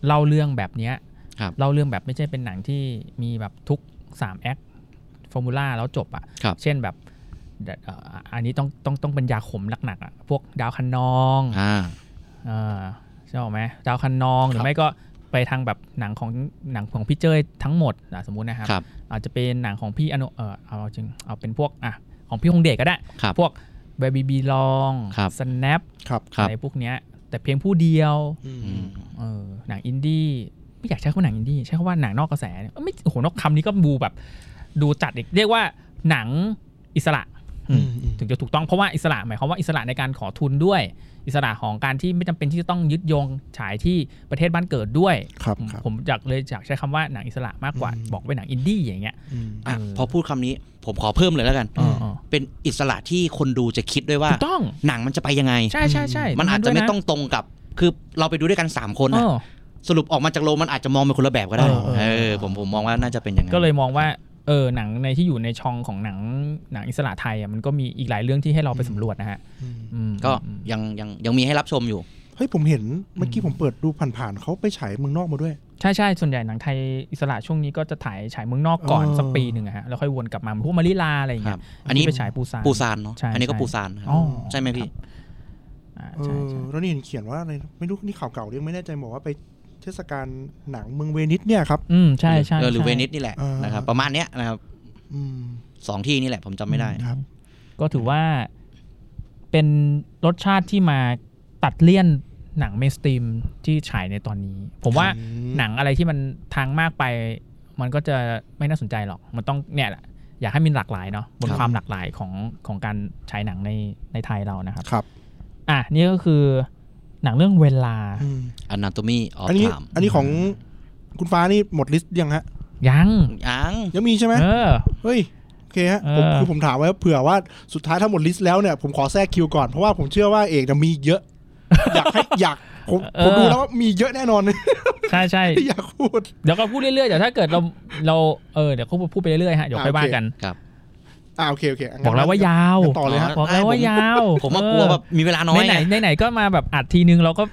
Speaker 2: เล่าเรื่องแบบเนี้ย
Speaker 4: ครับ
Speaker 2: เล่าเรื่องแบบไม่ใช่เป็นหนังที่มีแบบทุกสามแอคฟอร์มูล่าแล้วจบอ่ะ
Speaker 4: ครับ
Speaker 2: เช่นแบบเดี๋ยวเอ่ออันนี้ต้องต้องต้องเป็นยาขมหนักๆอ่ะพวกดาวคันนอง
Speaker 4: อ่า
Speaker 2: เออใช่ไหมดาวคันนองหรือไม่ก็ไปทางแบบหนังของหนังของพี่เจ้ยทั้งหมดอ่ะสมมุตินะครับ
Speaker 4: ครับ
Speaker 2: อาจจะเป็นหนังของพี่อนุเออเอาจริงเอาเป็นพวกอ่ะของพี่คงเดชก็ได้
Speaker 4: ครับ
Speaker 2: พวกเบบีบีลอง
Speaker 4: ครับ
Speaker 2: สแนป
Speaker 3: ครับ
Speaker 4: ครับ
Speaker 2: อะไรพวกเนี้ยแต่เพียงผู้เดียว
Speaker 3: อื
Speaker 4: อื
Speaker 3: ม
Speaker 4: ม
Speaker 2: เออหนังอินดี้ไม่อยากใช้คำว่าหนังอินดี้ใช้คำว่าหนังนอกกระแสเนี่ยเอ้ยไม่โอ้โหนอกคำนี้ก็ดูแบบดูจัดอีกเรียกว่าหนังอิสระ
Speaker 3: อืมอืม
Speaker 2: ถึงจะถูกต้องเพราะว่าอิสระหมายความว่าอิสระในการขอทุนด้วย อิสระของการที่ไม่จำเป็นที่จะต้องยึดโยงฉายที่ประเทศบ้านเกิดด้วย
Speaker 3: ครับ
Speaker 2: ผม
Speaker 3: ครับ
Speaker 2: ผมอยากเลยอยากใช้คำว่าหนังอิสระมากกว่า
Speaker 3: อืม
Speaker 2: บอกว่าหนังอินดี้อย่างเงี้ย
Speaker 3: อืม
Speaker 4: อ่ะพอพูดคำนี้ผมขอเพิ่มเลยแล้วกัน
Speaker 2: เออเออ
Speaker 4: เป็นอิสระที่คนดูจะคิดด้วยว่า
Speaker 2: ถูกต้อง
Speaker 4: หนังมันจะไปยังไง
Speaker 2: ใช่ใช่ใช่
Speaker 4: มันอาจจะไม่
Speaker 2: ด้วน
Speaker 4: ต้องตรงกับ คือเราไปดูด้วยกันสามคน
Speaker 2: เอ
Speaker 4: อะ
Speaker 2: อ
Speaker 4: สรุปออกมาจากโรงมันอาจจะมองเป็นคนละแบบก็ได้
Speaker 2: เออเออ
Speaker 4: เออผมผมมองว่าน่าจะเป็นอย่างนั้น
Speaker 2: ก็เลยมองว่าเออหนังในที่อยู่ในช่องของหนังหนังอิสระไทยอ่ะมันก็มีอีกหลายเรื่องที่ให้เราไปสำรวจนะฮะ
Speaker 3: อืม
Speaker 2: อืม
Speaker 4: ก็
Speaker 2: อืม
Speaker 4: ยังยังยังมีให้รับชมอยู่
Speaker 3: เฮ้ยผมเห็นเมื่อกี้ผมเปิดดูผ่านๆเขาไปฉายเมืองนอกมาด้วย
Speaker 2: ใช่ใช่ส่วนใหญ่หนังไทยอิสระช่วงนี้ก็จะถ่ายฉายเมืองนอกก่อน
Speaker 3: เออ
Speaker 2: สักปีหนึ่งอะฮะแล้วค่อยวนกลับมาเหมือนพวกมาริลาอะไรอย่างเงี้ย
Speaker 4: ครับอันนี้
Speaker 2: ที่ไปฉายปูซาน
Speaker 4: ปูซานเนาะ
Speaker 2: ใช่
Speaker 4: อันนี้ก็
Speaker 2: ใช่
Speaker 4: ปูซานนะครับ
Speaker 2: อ๋อ
Speaker 4: ใช่ไหมพี่
Speaker 2: อ่า
Speaker 3: เอ
Speaker 2: ใช่
Speaker 3: อ
Speaker 2: ใช่
Speaker 3: แล้วนี่เห็นเขียนว่าอะไรนะไม่รู้นี่ข่าวเก่าเรื่องไม่แน่ใจบอกว่าไปเทศกาลหนังเมืองเวนิสเนี่ยครับ
Speaker 2: อืมใช่ใช่
Speaker 4: เออหรือ
Speaker 2: ใช่
Speaker 4: เวนิสนี่แหละ
Speaker 3: อ่าน
Speaker 4: นะครับประมาณเนี้ยนะครับ
Speaker 3: อืม
Speaker 4: สองที่นี่แหละผมจำไม่ได้
Speaker 3: ครับ
Speaker 2: ก็ถือว่าเป็นรสชาติที่มาตัดเลี่ยนหนังเมสตรีมที่ฉายในตอนนี้ ผมว่า
Speaker 3: อืม
Speaker 2: หนังอะไรที่มันทางมากไป มันก็จะไม่น่าสนใจหรอก มันต้องเนี่ยแหละอยากให้มีหลากหลายเนาะบน
Speaker 4: ครับ
Speaker 2: ความหลากหลายของของการฉายหนังในในไทยเรานะครับ
Speaker 3: ครับ
Speaker 2: อ่ะนี่ก็คือหนังเรื่องเวลา
Speaker 3: อืม
Speaker 4: Anatomy of
Speaker 3: อันนี้
Speaker 4: Time
Speaker 3: อันนี้ของคุณฟ้านี่หมดลิสต์ยังฮะ
Speaker 2: ยัง
Speaker 4: ยัง
Speaker 3: ยังมีใช่ไหม
Speaker 2: เออ
Speaker 3: เฮ้ย โอเคฮะผม
Speaker 2: เออ
Speaker 3: คือผมถามไว้เผื่อว่าสุดท้ายถ้าหมดลิสต์แล้วเนี่ยผมขอแทรกคิวก่อน เพราะว่าผมเชื่อว่าเอกจะมีเยอะ อยากให้ อยากผมผมดูแล้วว่ามีเยอะแน่นอน
Speaker 2: ใช่ใช่
Speaker 3: ที่อยากพูด
Speaker 2: เดี๋ยวก็พูดเรื่อยๆเดี๋ยวถ้าเกิดเราเราเออเดี๋ยวเขาพูดไปเรื่อยๆฮะเดี๋ยว
Speaker 3: อ่ะ
Speaker 2: ค่อยว่า
Speaker 3: โอเค
Speaker 2: กัน
Speaker 3: อ่าโอเคโอเคงั้น
Speaker 2: บอกแล้วว่ายาว
Speaker 3: งั้นต่อเลยฮะ
Speaker 4: เ
Speaker 2: บอกแล้วว่ายาว
Speaker 4: ผมว่ากลัวแบบมีเวลาน้อย
Speaker 2: ในไหน
Speaker 4: ไง
Speaker 2: ในไหนๆก็มาแบบอัดทีนึงเราก็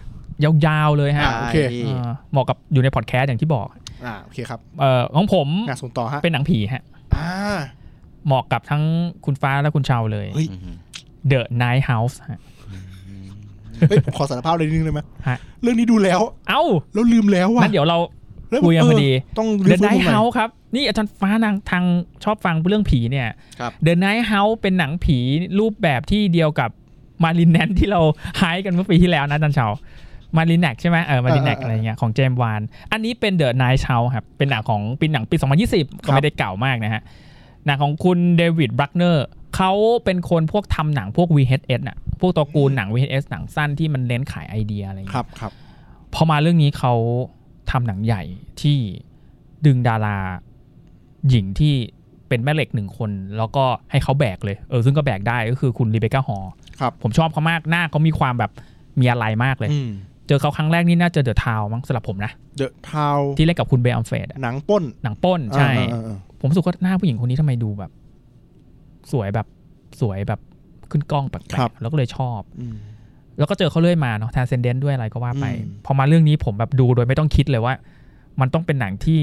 Speaker 2: ยาวๆเลยฮะ
Speaker 3: าโอเค
Speaker 4: ใช่
Speaker 2: เออเหมาะกับอยู่ในพอดแคสต์อย่างที่บอก
Speaker 3: อ่าโอเคครับ
Speaker 2: เออของผม
Speaker 3: งานส่งต่อฮะ
Speaker 2: เป็นหนังผีฮะ
Speaker 3: อ่า
Speaker 2: เหมาะกับทั้งคุณฟ้าและคุณชาวเลย
Speaker 3: เฮ้ย
Speaker 2: The Night House ฮะ
Speaker 3: เฮ้ยผมขอสารภาพเลยนิดนึงได้ไหม
Speaker 2: ฮะ
Speaker 3: เรื่องนี้ดูแล้ว
Speaker 2: เอ้า
Speaker 3: แล้วลืมแล้วว่ะ
Speaker 2: งั้นเดี๋ยวเรา
Speaker 3: แล้ว
Speaker 2: คุยกันพอดี
Speaker 3: เต้องรื้
Speaker 2: The
Speaker 3: อฟื้น
Speaker 2: Night
Speaker 3: ใหม่
Speaker 2: House ครับ นี่อาจารย์ฟ้านางทางชอบฟังเรื่องผีเนี่ย
Speaker 4: ครับ
Speaker 2: The Night House เป็นหนังผีรูปแบบที่เดียวกับมารินแนนที่เราหายกันเมื่อปีที่แล้วนะอาจันเฉามารินแนกใช่ไหมเออมารินแนก
Speaker 3: เออเออ
Speaker 2: อะไรเงี้ยของเจมส์วาน อันนี้เป็น The Night House ครับ เป็นหนังของปีหนังปี 2020 ก็ไม่ได้เก่ามากนะฮะ หนังของคุณเดวิดบรักเนอร์เขาเป็นคนพวกทำหนังพวก VHS น่ะพวกตระกูลหนัง VHS หนังสั้นที่มันเน้นขายไอเดียอะไรเงี้ย
Speaker 3: ครับครับ
Speaker 2: พอมาเรื่องนี้เขาทำหนังใหญ่ที่ดึงดาราหญิงที่เป็นแม่เหล็กหนึ่งคน แล้วก็ให้เขาแบกเลยเออซึ่งก็แบกได้ก็คือคุณรีเบคก้าฮอร์
Speaker 3: ครับ
Speaker 2: ผมชอบเขามากหน้าเขามีความแบบมีอะไรมากเลย
Speaker 3: อืม
Speaker 2: เจอเขาครั้งแรกนี่น่าจะเดอะทาวมั้งสำหรับผมนะ
Speaker 3: เดอะทาว
Speaker 2: ที่เล่นกับคุณเบลอัมเฟด
Speaker 3: หนังปล้น
Speaker 2: หนังปล้นใช่
Speaker 3: อ่าอ่าอ่า
Speaker 2: ผมรู้สึกว่าหน้าผู้หญิงคนนี้ทำไมดูแบบ สวยแบบสวยแบบขึ้นกล้องแปลกๆแล้วก็เลยชอบ
Speaker 3: อืม
Speaker 2: แล้วก็เจอเขาเรื่อยมาเนาะทาเซนเดนด้วยอะไรก็ว่าไป พอมาเรื่องนี้ผมแบบดูโดยไม่ต้องคิดเลยว่า มันต้องเป็นหนังที่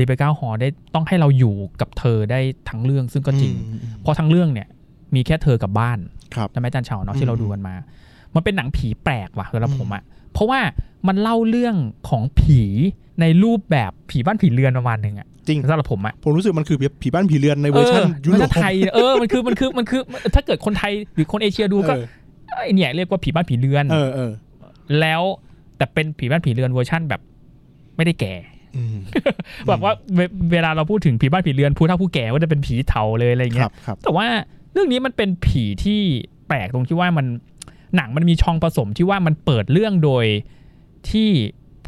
Speaker 2: รีเบคก้าฮอลได้ต้องให้เราอยู่กับเธอได้ทั้งเรื่องซึ่งก็จริง เพราะทั้งเรื่องเนี่ยมีแค่เธอกับบ้าน
Speaker 3: ครับ
Speaker 2: จำไหมอาจารย์เฉาเนาะ
Speaker 3: อื
Speaker 2: ที่
Speaker 3: ม
Speaker 2: เราดูกันมา มันเป็นหนังผีแปลกว่ะสำหรับผมอะเพราะว่ามันเล่าเรื่องของผีในรูปแบบผีบ้านผีเรือนประมาณหนึ่งอะ
Speaker 3: จริง
Speaker 2: สำหรับผมอะ
Speaker 3: ผมรู้สึกมันคือผีบ้านผีเรือนในเวอร์ชันยุ
Speaker 2: เวอร์
Speaker 3: โร
Speaker 2: ชั
Speaker 3: ป
Speaker 2: นไทยเออมันคือมันคือมันคือถ้าเกิดคนไทยหรือคนเอเชียดูก็
Speaker 3: เออ
Speaker 2: ไอเนี่ยเรียกว่าผีบ้านผีเรือน
Speaker 3: เออเออ
Speaker 2: แล้วแต่เป็นผีบ้านผีเรือนเวอร์ชั่นแบบไม่ได้แก่
Speaker 3: อืม
Speaker 2: แบบว่าเวเวลาเราพูดถึงผีบ้านผีเรือนผู้เฒ่าผู้แก่ก็จะเป็นผีเทาเลยอะไรอย่าง
Speaker 3: ค
Speaker 2: เงี้
Speaker 3: รั
Speaker 2: ย
Speaker 3: บครับ
Speaker 2: แต่ว่าเรื่องนี้มันเป็นผีที่แปลกตรงที่ว่ามันหนังมันมีช่องผสมที่ว่ามันเปิดเรื่องโดยที่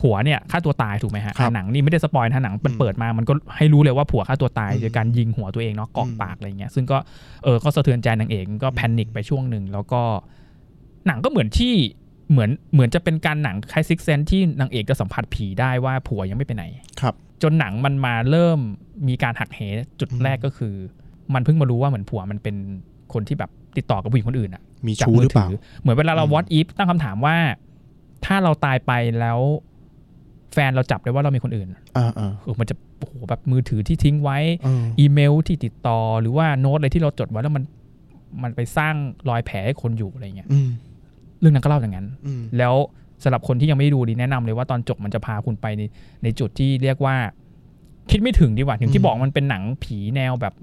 Speaker 2: ผัวเนี่ยฆ่าตัวตายถูกไหมฮะ
Speaker 3: ครับ
Speaker 2: หนังนี่ไม่ได้สปอยนะหนังมันเปิดมามันก็ให้รู้เลยว่าผัวฆ่าตัวตาย
Speaker 3: อืม
Speaker 2: โดยการยิงหัวตัวเองเนาะกอกปากอะไรเงี้ยซึ่งก็เออก็สะเทือนใจนางเอกก็แพนิคไปช่วงหนึ่งแล้วก็หนังก็เหมือนที่เหมือนเหมือนจะเป็นการหนังคล้ายซิกเซนที่นางเอกจะสัมผัสผีได้ว่าผัวยังไม่ไปไหน
Speaker 3: ครับ
Speaker 2: จนหนังมันมาเริ่มมีการหักเหจุดแรกก็คือ มันเพิ่งมารู้ว่าเหมือนผัวมันเป็นคนที่แบบติดต่อกับผู้หญิงคนอื่นอะ
Speaker 3: มี
Speaker 2: จาก
Speaker 3: ชู้หรือเปล่า
Speaker 2: เหมือนเวลาเรา
Speaker 3: อืม
Speaker 2: วอตอีฟตั้งคำถามว่า ถ้าเราตายไปแล้ว แฟนเราจับได้ว่าเรามีคนอื่น
Speaker 3: อ่าอ่า
Speaker 2: เออมันจะโอ้โหแบบมือถือที่ทิ้งไว้
Speaker 3: เออ
Speaker 2: อีเมลที่ติดต่อหรือว่าโน้ตอะไรที่เราจดไว้แล้วมันมันไปสร้างรอยแผลให้คนอยู่อะไรเงี้ย
Speaker 3: อืม
Speaker 2: เรื่องนั้นก็เล่าอย่างนั้น
Speaker 3: อืม
Speaker 2: แล้วสำหรับคนที่ยังไม่ดูดีแนะนำเลยว่าตอนจบมันจะพาคุณไปในในจุดที่เรียกว่า คิดไม่ถึงดีกว่าถึงที่บอกมันเป็นหนังผีแนวแบบ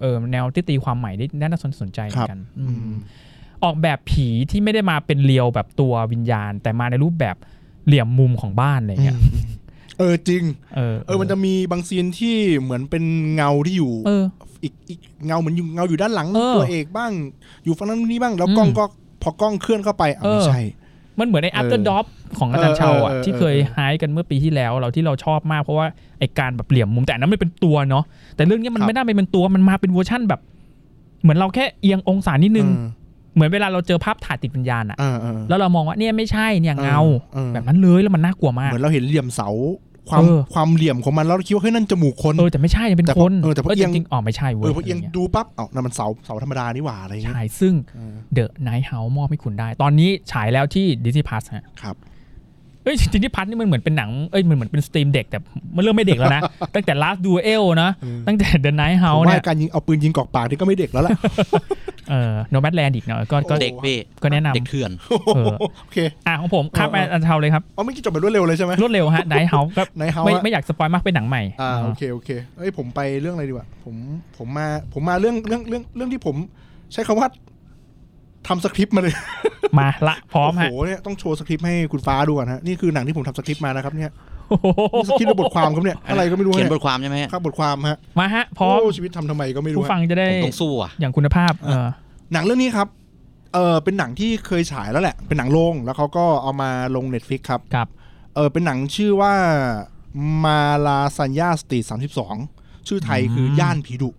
Speaker 2: เออแนวที่ตีความใหม่ได้น่าสนสนใจเหมือนกันอื
Speaker 3: อื
Speaker 2: ม
Speaker 3: ม
Speaker 2: ออกแบบผีที่ไม่ได้มาเป็นเรียวแบบตัววิญญาณ แต่มาในรูปแบบเหลี่ยมมุมของบ้านอะไรเงี้ย
Speaker 3: เออจริง
Speaker 2: เออ
Speaker 3: เออมันจะมีบางซีนที่เหมือนเป็นเงาที่อยู่
Speaker 2: เออ
Speaker 3: อีกอีกเงาเหมือนอยู่เงาอยู่ด้านหลัง
Speaker 2: เออ
Speaker 3: ตัวเอกบ้าง อยู่ฝั่งนั้นนี่บ้างแล้วกล้อง
Speaker 2: อืม
Speaker 3: ก็พอกล้องเคลื่อนเข้าไปอ่ะไม่
Speaker 2: เออ
Speaker 3: ใช่
Speaker 2: มันเหมือนใน after drop ของอาจารย์เชาอ่ะ
Speaker 3: เออเออเออ
Speaker 2: ที่เคยหายกันเมื่อปีที่แล้วเราที่เราชอบมากเพราะว่าไอการแบบเหลี่ยมมุมแต่อันนั้นไม่เป็นตัวเนาะแต่เรื่องเนี้ยมันไม่ได้ไม่เป็นตัวมันมาเป็นเวอร์ชั่นแบบ เหมือนเราแค่เอียงองศานิดนึง เหมือนเวลาเราเจอภาพถ่ายติดวิญญาณอะ
Speaker 3: เออเออ
Speaker 2: แล้วเรามองว่าเนี่ยไม่ใช่เนี่ยเงา
Speaker 3: เออเออ
Speaker 2: แบบนั้นเลยแล้วมันน่ากลัวมาก
Speaker 3: เหมือนเราเห็นเหลี่ยมเสาความ
Speaker 2: เออ
Speaker 3: ความเหลี่ยมของมันแล้วเราคิดว่าเฮ้ยนั่นจมูกคน
Speaker 2: เออแต่ไม่ใช่เนี่ยเป็น
Speaker 3: แต่
Speaker 2: คน
Speaker 3: เออแต่พอเอียง
Speaker 2: จริงๆอ๋อไม่ใช่
Speaker 3: เอ
Speaker 2: เว้ย
Speaker 3: อพอเอียง
Speaker 2: ะไรงี้
Speaker 3: ดูปั๊บเอ้านั่นมันเสาเสาธรรมดานี่หว่าอะไรอย่างเงี้ย
Speaker 2: ใช่ซึ่ง
Speaker 3: เออ
Speaker 2: The Night House มอบให้คุณได้ ตอนนี้ฉายแล้วที่ Disney Plus ฮะ
Speaker 3: ครับ
Speaker 2: เอ้ยจริงๆที่พัทนี่มันเหมือนเป็นหนัง เอ้ยมันเหมือนเป็นสตรีมเด็กแต่มันเริ่มไม่เด็กแล้วนะ ตั้งแต่ Last Duel นะ
Speaker 3: อืม
Speaker 2: ตั้งแต่ The Night
Speaker 3: ผม
Speaker 2: House เนี่
Speaker 3: ว่าย การยิงเอาปืนยิงกอกปากนี่ก็ไม่เด็กแล้ว ล่ะ
Speaker 2: เอ่อ Nomadland อีกเนาะก็ก็
Speaker 4: เด็กพี่
Speaker 2: ก็แนะ
Speaker 4: เด็ก
Speaker 2: นำ
Speaker 4: เถื่อน
Speaker 2: เออ
Speaker 3: โอเค
Speaker 2: อ่ะของผมข้ามไป
Speaker 3: เออเอออั
Speaker 2: อันเทาเลยครับ
Speaker 3: เอาไม่อกี่จบไปรวดเร็วเลยใช่ไหม
Speaker 2: รวดเร็วฮะ Night House ก็
Speaker 3: ในเฮา
Speaker 2: ไม่
Speaker 3: อะ
Speaker 2: ไม่อยากสปอยมากเป็นหนังใหม่
Speaker 3: อ่าโอเคโอเคเอ้ยผมไปเรื่องอะไรดีวะผมผมมาผมมาเรื่องเรื่องเรื่องเรื่องที่ผม ใช้คำว่าทำสคริปต์มาเลย
Speaker 2: มาละพร้อมฮะ
Speaker 3: โอ้โหเนี่ยต้องโชว์สคริปต์ให้คุณฟ้าดูก่อนฮะนี่คือหนังที่ผมทำสคริปต์มานะครับเนี่ย
Speaker 2: โอ้โห
Speaker 3: นี่สคริปต์หรือบทความครับเนี่ยอะไรก็ไม่รู้
Speaker 4: เขีย
Speaker 3: เนี่
Speaker 4: น
Speaker 3: ย
Speaker 4: บทความใช่ไหมฮะ
Speaker 3: ครับบทความฮะ
Speaker 2: มาฮะพร้อม
Speaker 3: โชีวิตทำทำไมก็ไม่รู้
Speaker 2: ผู้ฟั
Speaker 3: ฮะ
Speaker 2: งจะได้
Speaker 4: ผมต้องสู้อ่ะ
Speaker 2: อย่างคุณภาพเออ
Speaker 3: หนังเรื่องนี้ครับเออเป็นหนังที่เคยฉายแล้วแหละ เป็นหนังโรงแล้วเขาก็เอามาลง Netflix ครับ
Speaker 2: กับ
Speaker 3: เออเป็นหนังชื่อว่ามาลาซัญญาสตรีทสามสิบสองชื่อไทยคืออย่านผีดุ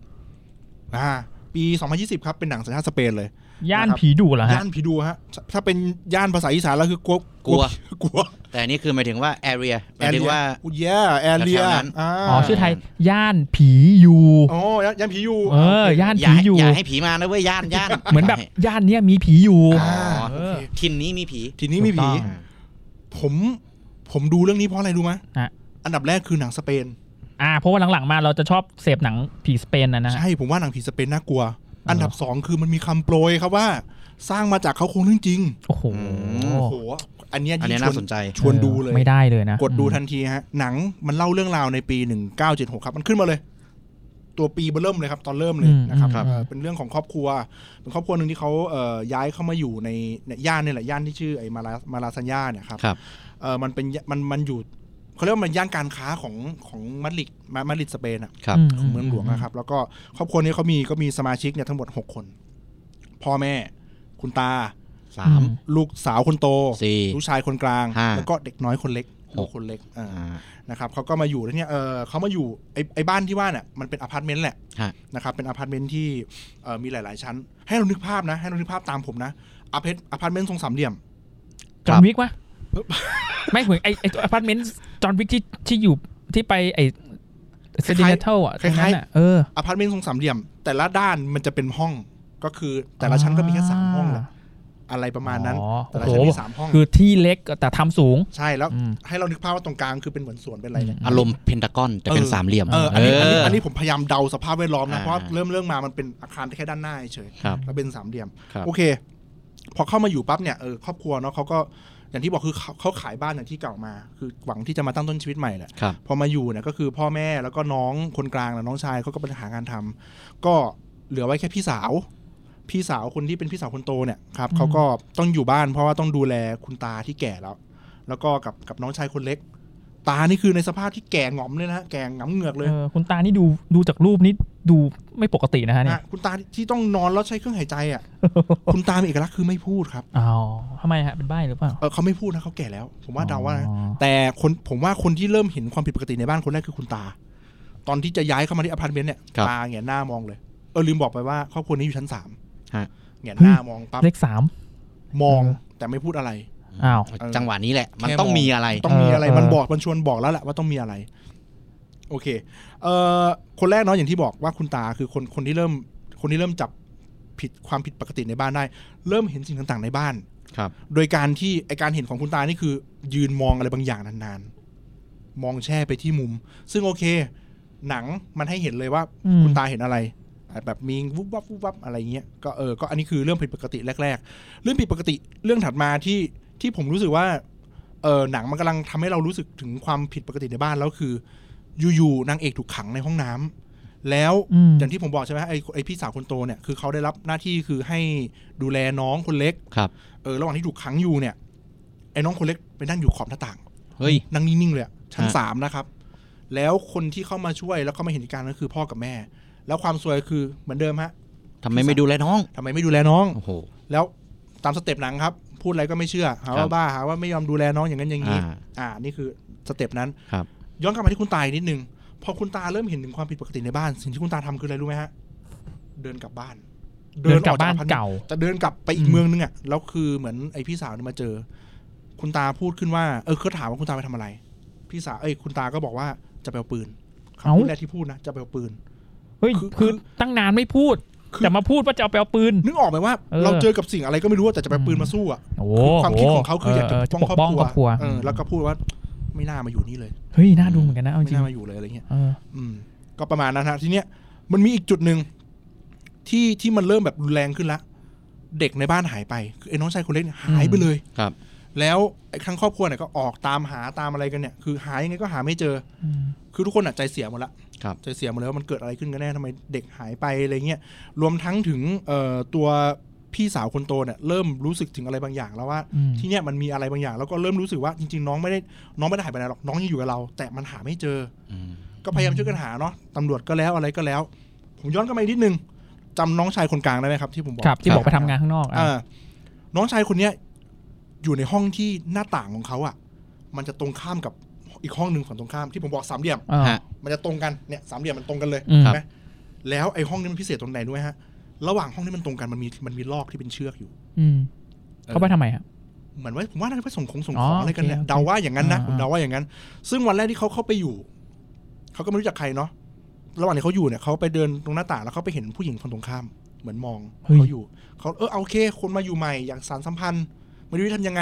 Speaker 3: อ่าปี2020ครับเป็นหนังสัญชาติสเปนเลย
Speaker 2: ย่าน
Speaker 3: นะครับ
Speaker 2: ผีดุเหรอฮะ
Speaker 3: ย่านผีดุฮะถ้าเป็นย่านภาษาอีสานแล้วคือกลัว
Speaker 4: กลัว
Speaker 3: กลัว
Speaker 4: แต่อันนี้คือหมายถึงว่า area ห
Speaker 3: แอ
Speaker 4: มาย
Speaker 3: เรี
Speaker 4: ถึง
Speaker 3: ย
Speaker 4: ว่า
Speaker 3: อุยแย่แอเรีย
Speaker 4: แถวๆนั้น
Speaker 3: อ่า
Speaker 2: อ๋อชื่อไทยย่านผีอยู่
Speaker 3: อ๋อย่านย่านผีอยู่
Speaker 2: เออย่าน
Speaker 4: อย่า
Speaker 2: ผี
Speaker 4: ให้
Speaker 2: อยู่
Speaker 4: อย่าให้ผีมานะเว้ยย่านย่าน
Speaker 2: เหมือนแบบย่านเนี้ยมีผีอยู่
Speaker 3: อ่า
Speaker 2: เอ
Speaker 3: โอ
Speaker 2: อ
Speaker 3: เค
Speaker 4: ทินนี้มีผี
Speaker 3: ทีนี้มี
Speaker 2: ถูกต้
Speaker 3: ผี
Speaker 2: อง
Speaker 3: ผมผมดูเรื่องนี้เพราะอะไรรู้ไหม
Speaker 2: ฮะ
Speaker 3: อันดับแรกคือหนังสเปน
Speaker 2: อ่าเพราะว่าหลังๆมาเราจะชอบเสพหนังผีสเปนนะนะ
Speaker 3: ใช่ผมว่าหนังผีสเปนน่ากลัว อันดับสองคือมันมีคำโปรยครับว่า สร้างมาจากเขาโครงเรื่องจริง
Speaker 2: โอ้โห
Speaker 4: อื
Speaker 3: โอ้โหอันเนี้ย
Speaker 4: อัน
Speaker 3: ยิ่งช
Speaker 4: นี้น่า
Speaker 3: วน
Speaker 4: สนใจ
Speaker 3: ชวนดูเลย
Speaker 2: ไม่ได้เลยนะ
Speaker 3: กดดู
Speaker 2: อืม
Speaker 3: ทันทีฮะ หนังมันเล่าเรื่องราวในปี 1976 ครับ มันขึ้นมาเลย ตัวปีเบอร์เริ่มเลยครับ ตอนเริ่มเลยนะครับ
Speaker 4: ครับ
Speaker 3: เอ่อเป็นเรื่องของครอบครัว เป็นครอบครัวหนึ่งที่เขาเอ่อย้ายเข้ามาอยู่ในเนี่ยย่านเนี่ยแหละย่านที่ชื่อไอ้มาลามาลาซัญญาเนี่ยครับ
Speaker 4: ครับ
Speaker 3: เออมันเป็นยมันมันอยู่เขาเรียกว่ามันย่านการค้าของของมาดริดมามาดริดสเปนอะ
Speaker 4: ครับ
Speaker 2: ม
Speaker 3: ของเมืองหลวงนะครับ แล้วก็ครอบครัวนี้เขามีก็มีสมาชิกเนี่ยทั้งหมดหกคน พ่อแม่ คุณตา
Speaker 4: สาม
Speaker 3: ลูกสาวคนโต
Speaker 4: สี่
Speaker 3: ลูกชายคนกลาง
Speaker 4: ห้า
Speaker 3: แล้วก็เด็กน้อยคนเล็ก
Speaker 4: หก
Speaker 3: ลูกคนเล็กอ่า
Speaker 4: อ่า
Speaker 3: นะครับเขาก็มาอยู่แล้วเนี่ยเออเขามาอยู่ไอไอบ้านที่ว่าเนี่ยมันเป็นอพาร์ตเมนต์แหละ
Speaker 4: ฮะ
Speaker 3: นะครับเป็นอพาร์ตเมนต์ที่เอ่อมีหลาย ๆ ชั้น ให้เรานึกภาพนะ ให้เรานึกภาพตามผมนะอพาร์ตอพาร์ตเมนต์ทรงสามเหลี่ยม
Speaker 2: จอห์นวิกวะไม่เหมือนไอไออพาร์ตเมนต์จอห์นวิกที่ที่อยู่ที่ไปไอเซนติเนทัลอ่ะต
Speaker 3: ค
Speaker 2: รง
Speaker 3: ล้ายๆ
Speaker 2: นั้นอ่ะเออ
Speaker 3: อพาร์ตเมนต์ทรงสามเหลี่ยม แต่ละด้านมันจะเป็นห้องก็คือแต่ละชั้นก็มีแค่สามห้องแหละ อะไรประมาณนั้น
Speaker 2: อ๋อ
Speaker 3: แต่
Speaker 2: โอ้โห
Speaker 3: ละชั้นมีสามห้อง
Speaker 2: คือที่เล็กแต่ทำสูง
Speaker 3: ใช่แล้ว
Speaker 2: อืม
Speaker 3: ให้เรานึกภาพว่าตรงกลางคือเป็นเหมือนสวนเป็นอะไรเนี่ย
Speaker 4: อารมณ์เพนทากอนแต่เป็น
Speaker 3: เออ
Speaker 4: สามเหลี่ยม
Speaker 3: เอออันนี้อันนี้
Speaker 4: เ
Speaker 3: อันนี้ผมพยายามเดาสภาพแวดล้อมนะ
Speaker 4: อ่า
Speaker 3: เพราะเริ่มเรื่องมามันเป็นอาคารแค่ด้านหน้าเฉย
Speaker 4: ครับ
Speaker 3: แล้วเป็นสามเหลี่ยม
Speaker 4: ครับ
Speaker 3: โอเค พอเข้ามาอยู่ปั๊บเนี่ยเออครอบครัวเนาะเขาก็อย่างที่บอกคือเขาเขาขายบ้านอย่างที่เก่ามา คือหวังที่จะมาตั้งต้นชีวิตใหม่แหละ
Speaker 4: ครับ
Speaker 3: พอมาอยู่เนี่ยก็คือพ่อแม่แล้วก็น้องคนกลางและน้องชายเขาก็ไปหางานทำก็เหลือไว้แค่พี่สาว พี่สาวคนที่เป็นพี่สาวคนโตเนี่ยครับเขาก็ต้องอยู่บ้านเพราะว่าต้องดูแลคุณตาที่แก่แล้ว แล้วก็กับกับน้องชายคนเล็ก ตานี่คือในสภาพที่แก่หงอมเลยนะฮะแก่หงำเหงือกเลย
Speaker 2: เออคุณตานี่ดูดูจากรูปนี้ดูไม่ปกตินะฮะเนี่ย
Speaker 3: นะคุณตาที่ต้องนอนแล้วใช้เครื่องหายใจ อ่ะ คุณตามีเอกลักษณ์คือไม่พูดครับ
Speaker 2: อ๋อทำไมฮะเป็นใบ้หรือเปล่า
Speaker 3: เออเขาไม่พูดนะเขาแก่แล้ว ผมว่าเดาว่านะ
Speaker 2: อ๋อ
Speaker 3: แต่คนผมว่าคนที่เริ่มเห็นความผิดปกติในบ้านคนแรกคือคุณตา ตอนที่จะย้ายเข้ามาที่อพาร์ตเมนต์เนี่ย
Speaker 4: ครับ
Speaker 3: ตาเงียหน้ามองเลยเออลืมบอกไปว่าครอบครัวนี้อยู่ชั้นสาม
Speaker 4: ฮะ
Speaker 3: เงียหน้ามองปั๊บ
Speaker 2: เลขสาม
Speaker 3: มอง
Speaker 2: เออ
Speaker 3: แต่ไม่พูดอะไร
Speaker 2: อ้าว
Speaker 3: เออ
Speaker 4: จังหวะนี้แหละ มัน
Speaker 3: แค่
Speaker 4: ต้อง
Speaker 3: มอง
Speaker 4: มีอะไร
Speaker 3: ต้องมีอะไร
Speaker 2: เออ
Speaker 3: มันบอกมันชวนบอกแล้วแหละว่าต้องมีอะไร โอเค เอ่อคนแรกเนาะอย่างที่บอกว่าคุณตาคือคนคนที่เริ่ม คนที่เริ่มจับผิดความผิดปกติในบ้านได้ เริ่มเห็นสิ่งต่างๆในบ้าน
Speaker 4: ครับ
Speaker 3: โดยการที่ไอการเห็นของคุณตานี่คือ ยืนมองอะไรบางอย่างนานๆ มองแช่ไปที่มุม ซึ่งโอเค หนังมันให้เห็นเลยว่า
Speaker 2: อืม
Speaker 3: คุณตาเห็นอะไรอ่ะแบบมีวุบวับวุบวับอะไรเงี้ยก็เออก็อันนี้คือเรื่องผิดปกติแรก ๆ เรื่องผิดปกติเรื่องถัดมาที่ที่ผมรู้สึกว่าเออหนังมันกำลังทำให้เรารู้สึกถึงความผิดปกติในบ้านแล้วคือ อยู่ๆนางเอกถูกขังในห้องน้ำแล้ว
Speaker 2: อืม
Speaker 3: อย่างที่ผมบอกใช่ไหมไอ้ไอ้พี่สาวคนโตเนี่ยคือเขาได้รับหน้าที่คือให้ดูแลน้องคนเล็ก
Speaker 4: ครับ
Speaker 3: เออระหว่างที่ถูกขังอยู่เนี่ยไอ้น้องคนเล็กไปนั่งอยู่ขอบหน้าต่าง
Speaker 4: เฮ้ย
Speaker 3: นั่งนิ่งๆเลยอะชั้น
Speaker 4: ฮะ
Speaker 3: สามนะครับ แล้วคนที่เข้ามาช่วยแล้วเข้ามาเห็นเหตุการณ์ก็คือพ่อกับแม่ แล้วความซวยคือเหมือนเดิมฮะ
Speaker 4: ทำไมไม่ดูแลน้อง
Speaker 3: ทำไมไม่ดูแลน้อง
Speaker 4: โอ้โห
Speaker 3: แล้วตามสเต็ปหนังครับ พูดอะไรก็ไม่เชื่อหา
Speaker 4: ครั
Speaker 3: ว่า
Speaker 4: บ
Speaker 3: บ้าหาว่าไม่ยอมดูแลน้องอย่างนั้นอย่างนี้
Speaker 4: อ่า
Speaker 3: อ่า นี่คือสเต็ปนั้น
Speaker 4: ครับ
Speaker 3: ย้อนกลับมาที่คุณตาอีกนิดนึงพอคุณตาเริ่มเห็นถึงความผิดปกติในบ้าน สิ่งที่คุณตาทำคืออะไรรู้ไหมฮะเดินกลับบ้าน
Speaker 2: เดินกลับบ้าน
Speaker 3: อออพร์ตมนต์
Speaker 2: เก่า
Speaker 3: จะเดินกลับไปอี
Speaker 2: อื
Speaker 3: ก
Speaker 2: ม
Speaker 3: เมืองนึงอะ่ะแล้วคือเหมือนไอพี่สาวเนี่ยมาเจอ คุณตาพูดขึ้นว่าเออเขาถามว่าคุณตาไปทำอะไร พี่สาวเอ้ยคุณตาก็บอกว่าจะไปเอาปืนคำพูดแรกที่พูดนะจะไปเอาปืน
Speaker 2: เฮ้ย
Speaker 3: คือ
Speaker 2: คือตั้งนานไม่พูด
Speaker 3: คือ
Speaker 2: แต่มาพูดว่าจะเอาไปเอาปืน
Speaker 3: นึกออกไหมว่า
Speaker 2: เออ
Speaker 3: เราเจอกับสิ่งอะไรก็ไม่รู้อะแต่จะไปเอาปืนมาสู้อะ
Speaker 2: โอ้
Speaker 3: คือความคิดของเขาคืออยากจะปกป้องครอบครัว
Speaker 2: เอ
Speaker 3: เอ
Speaker 2: อ
Speaker 3: อแล้วก็พูดว่าไม่น่ามาอยู่นี่เลย
Speaker 2: เฮ้ยน่าดูเหมือนกันนะเอาจ
Speaker 3: ไม่
Speaker 2: ริง
Speaker 3: น่ามาอยู่เลยอะไรเงี้ย
Speaker 2: เออ
Speaker 3: อืมก็ประมาณนั้นฮะทีเนี้ยมันมีอีกจุดหนึ่งที่ที่มันเริ่มแบบรุนแรงขึ้นละเด็กในบ้านหายไปคือไอ้น้องชายคนเล็กเนี่ยหายไปเลย
Speaker 4: ครับ
Speaker 3: แล้วไอ้ทั้งครอบครัวเนี่ยก็ออกตามหาตามอะไรกันเนี่ย คือหายังไงก็หาไม่เจออ
Speaker 2: ม
Speaker 3: คือทุกคนอ่ะใจเสียหมดละ
Speaker 4: ครับ
Speaker 3: ใจเสียหมดแล้วามันเกิดอะไรขึ้นกันแน่ทำไมเด็กหายไปอะไรเงี้ยรวมทั้งถึงเอ่อตัวพี่สาวคนโตเนี่ยเริ่มรู้สึกถึงอะไรบางอย่างแล้วว่า
Speaker 2: อืม
Speaker 3: ที่เนี่ยมันมีอะไรบางอย่าง แล้วก็เริ่มรู้สึกว่าจริง ๆ น้องไม่ได้น้องไม่ได้หายไปไหนหรอกน้องยังอยู่กับเรา แต่มันหาไม่เจอ
Speaker 4: อืม
Speaker 3: ก็พยายามช่วยกันหาเนาะตำรวจก็แล้วอะไรก็แล้ว ผมย้อนกลับมาอีกนิดนึงจำน้องชายคนกลางได้ไหมครับที่ผมบอก
Speaker 2: ครับที่
Speaker 4: ครับ
Speaker 2: บอกไปทำงานข้างนอกอ่ะ
Speaker 3: อ่าน้องชายคนเนี้ยอยู่ในห้องที่หน้าต่างของเขาอ่ะ มันจะตรงข้ามกับอีกห้องหนึ่งฝั่งตรงข้ามที่ผมบอกสามเหลี่ยม
Speaker 2: อ่า
Speaker 4: ฮะ
Speaker 3: มันจะตรงกันเนี่ยสามเหลี่ยมมันตรงกันเลย
Speaker 2: อืม
Speaker 3: เห็นไหมแล้วไอ้ห้องนี้มันพิเศษตรงไหนด้วยฮะ ระหว่างห้องที่มันตรงกันมันมีมันมีลอกที่เป็นเชือกอยู่
Speaker 2: อืมเขาไปทำไมฮะ
Speaker 3: เหมือนว่าผมว่าน่าจะไปส่งของส่ง
Speaker 2: อ๋อ
Speaker 3: ของอะไรกันเนี่ย
Speaker 2: โอเค
Speaker 3: เดาว่าอย่างนั้นนะ
Speaker 2: อ่า
Speaker 3: ผมเดาว่าอย่างนั้น ซึ่งวันแรกที่เขาเข้าไปอยู่เขาก็ไม่รู้จักใครเนาะระหว่างที่เขาอยู่เนี่ยเขาไปเดินตรงหน้าต่างแล้วเขาไปเห็นผู้หญิงคนตรงข้าม เหมือนมองเขาอยู่เขาเออเอาโอเค คนมาอยู่ใหม่อยากสารสัมพันธ์ไม่รู้จะทำยังไง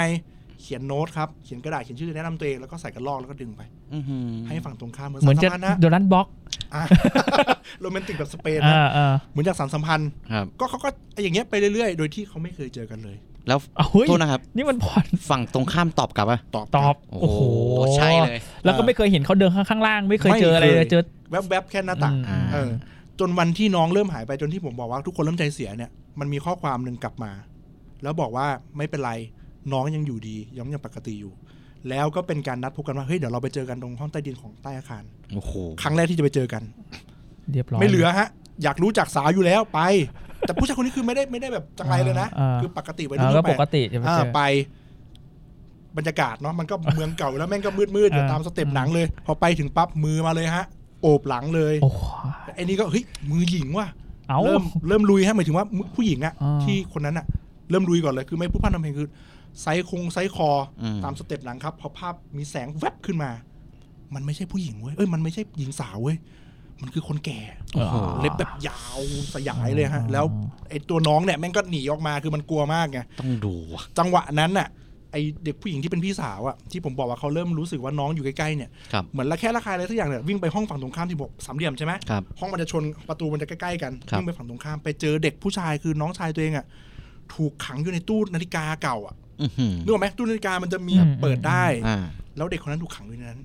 Speaker 3: เขียนโน้ตครับเขียนกระดาษเขียนชื่อแนะนำตัวเองแล้วก็ใส่กระลอกแล้วก็ดึงไป
Speaker 4: อื้อหือ
Speaker 3: ให้ฝั่งตรงข้ามเหมือน
Speaker 2: เหมื
Speaker 3: สา
Speaker 2: อน
Speaker 3: ร
Speaker 2: จะ
Speaker 3: สัมพันธ์นะ
Speaker 2: โดนัทบล็อก
Speaker 3: อ่ะ โรแมนติกแบบสเปน
Speaker 2: เอ
Speaker 3: นะ
Speaker 2: อเออ
Speaker 3: เหมือนอยากสารสัมพันธ์
Speaker 4: ครับ
Speaker 3: ก็เขาก็อย่างเงี้ยไปเรื่อยๆ โดยที่เขาไม่เคยเจอกันเลย
Speaker 4: แล้ว
Speaker 2: เอาเฮ้ย
Speaker 4: โทษนะครับ
Speaker 2: นี่มันพอด
Speaker 4: ฝั่งตรงข้ามตอบกลับอ่ะ
Speaker 3: ตอบ
Speaker 2: ตอบ
Speaker 4: โอ้โห ใช่เลย
Speaker 2: แล้วก็ไม่เคยเห็นเขาเดินข้างๆล่าง ไม่เคยเจออะไรเลยเจอ
Speaker 3: แวบๆแค่หน้าต่าง
Speaker 2: อืม
Speaker 3: เออจนวันที่น้องเริ่มหายไปจนที่ผมบอกว่าทุกคนเริ่มใจเสียเนี่ยมันมีข้อความหนึ่งกลับมา แล้วบอกว่าไม่เป็นไรน้องยังอยู่ดียังยังปกติอยู่ แล้วก็เป็นการนัดพบกันว่าเฮ้ยเดี๋ยวเราไปเจอกันตรงห้องใต้ดินของใต้อาคาร
Speaker 4: โอ้โห
Speaker 3: ครั้งแรกที่จะไปเจอกัน
Speaker 2: เรียบร้อย
Speaker 3: ไม่เหลือฮะ อยากรู้จักสาวอยู่แล้วไป แต่ผู้ชายคนนี้คือไม่ได้ไม่ได้แบบจังไรเลยนะ
Speaker 2: อ่า
Speaker 3: คือปกติไป
Speaker 2: เออก็ปกติจะไป
Speaker 3: อ่า
Speaker 2: เจอ
Speaker 3: ไปบรรยากาศเนาะมันก็เมืองเก่าอยู่แล้วแม่งก็มืดๆอยู่
Speaker 2: อ่า
Speaker 3: ตามสเต็ปหนังเลย พอไปถึงปั๊บมือมาเลยฮะ โอบหลังเลย
Speaker 2: โอ้โห
Speaker 3: ไอ้นี่ก็เฮ้ยมือหญิงว่ะ
Speaker 2: เอา
Speaker 3: เริ่มเริ่มลุยฮะหมายถึงว่ามุผู้หญิงอะ
Speaker 2: อ่า
Speaker 3: ที่คนนั้นอะเริ่มลุยก่อนเลยคือไม่พูดพร่ำทำเพลงคือไซส์คงไซส์คออ
Speaker 4: ม
Speaker 3: ตามสเต็ปหลังครับพอภาพมีแสงแวบขึ้นมา มันไม่ใช่ผู้หญิงเว้ยเอ้ยมันไม่ใช่หญิงสาวเว้ย มันคือคนแก่
Speaker 2: โอ้โห
Speaker 3: เล็บแบบยาวสยายเลยฮะ แล้วไอ้ตัวน้องเนี่ยแม่งก็หนีออกมาคือมันกลัวมากไง
Speaker 4: ต้องดูว่ะ
Speaker 3: จังหวะนั้นน่ะไอเด็กผู้หญิงที่เป็นพี่สาวอะที่ผมบอกว่าเขาเริ่มรู้สึกว่าน้องอยู่ใกล้ๆเนี่ย
Speaker 4: ครับ
Speaker 3: เหมือนละแค่ละคายอะไรสักอย่างเนี่ยวิ่งไปห้องฝั่งตรงข้ามที่บอกสามเหลี่ยมใช่ไหม
Speaker 4: ครับ
Speaker 3: ห้องมันจะชนประตูมันจะใกล้ๆกัน
Speaker 4: ครับ
Speaker 3: วิ่งไปฝั่งตรงข้ามไปเจอเด็กผู้ชายคือน้องชายตัวเองอะถูกขังอยู่ในตู้นาฬิกาเก่าอะ
Speaker 4: อื้อหือ
Speaker 3: นึกออกไหมตู้นาฬิกามันจะมี
Speaker 2: อืม
Speaker 3: เปิดได้
Speaker 4: อ่า
Speaker 3: แล้วเด็กคนนั้นถูกขังอยู่ในนั้น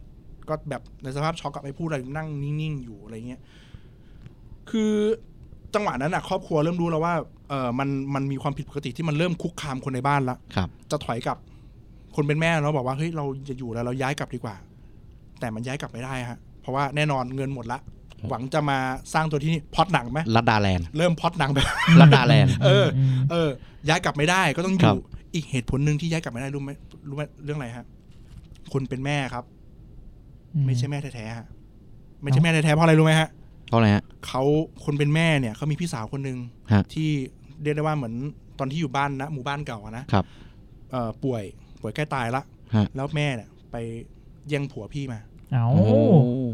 Speaker 3: ก็แบบในสภาพช็อกกับไม่พูดอะไรนั่งนิ่งๆอยู่อะไรเงี้ย คือจังหวะนั้นอะครอบครัวเริ่มรู้แล้วว่าเออมันมันมีความผิดปกติที่มันเริ่มคุกคามคนในบ้านละ
Speaker 4: ครับ
Speaker 3: จะถอยกลับ คนเป็นแม่เนาะบอกว่าเฮ้ยเราจะอยู่แล้วเราย้ายกลับดีกว่า แต่มันย้ายกลับไม่ได้ฮะ เพราะว่าแน่นอนเงินหมดละ หวังจะมาสร้างตัวที่นี่พล็อดหนังไหม
Speaker 4: ลัดดาแลนด์
Speaker 3: เริ่มพล็อดหนังแบบ
Speaker 4: ลัดดาแลนด์
Speaker 3: เออ เออ ย้ายกลับไม่ได้ก็ต้องอ
Speaker 4: ครั
Speaker 3: ยู่
Speaker 4: บ
Speaker 3: อีกเหตุผลหนึ่งที่ย้ายกลับไม่ได้รู้ไหมรู้ไหมเรื่องอะไรฮะ คนเป็นแม่ครับ ไม่ใช่แม่แท้ๆฮะไม่ใช่แม่แท้ๆเพราะอะไรรู้ไหมฮะ
Speaker 4: เพราะอะไรฮะ
Speaker 3: เขาคนเป็นแม่เนี่ยเขามีพี่สาวคนหนึ่ง
Speaker 4: ฮะ
Speaker 3: ที่เรียกได้ว่าเหมือนตอนที่อยู่บ้านนะหมู่บ้านเก่าอะนะครับ เอ่อป่วย ป่วยใกล้ตายละ
Speaker 4: ฮะ
Speaker 3: แล้วแม่เนี่ยไปแย่งผัวพี่มา
Speaker 2: เอา
Speaker 4: โอ้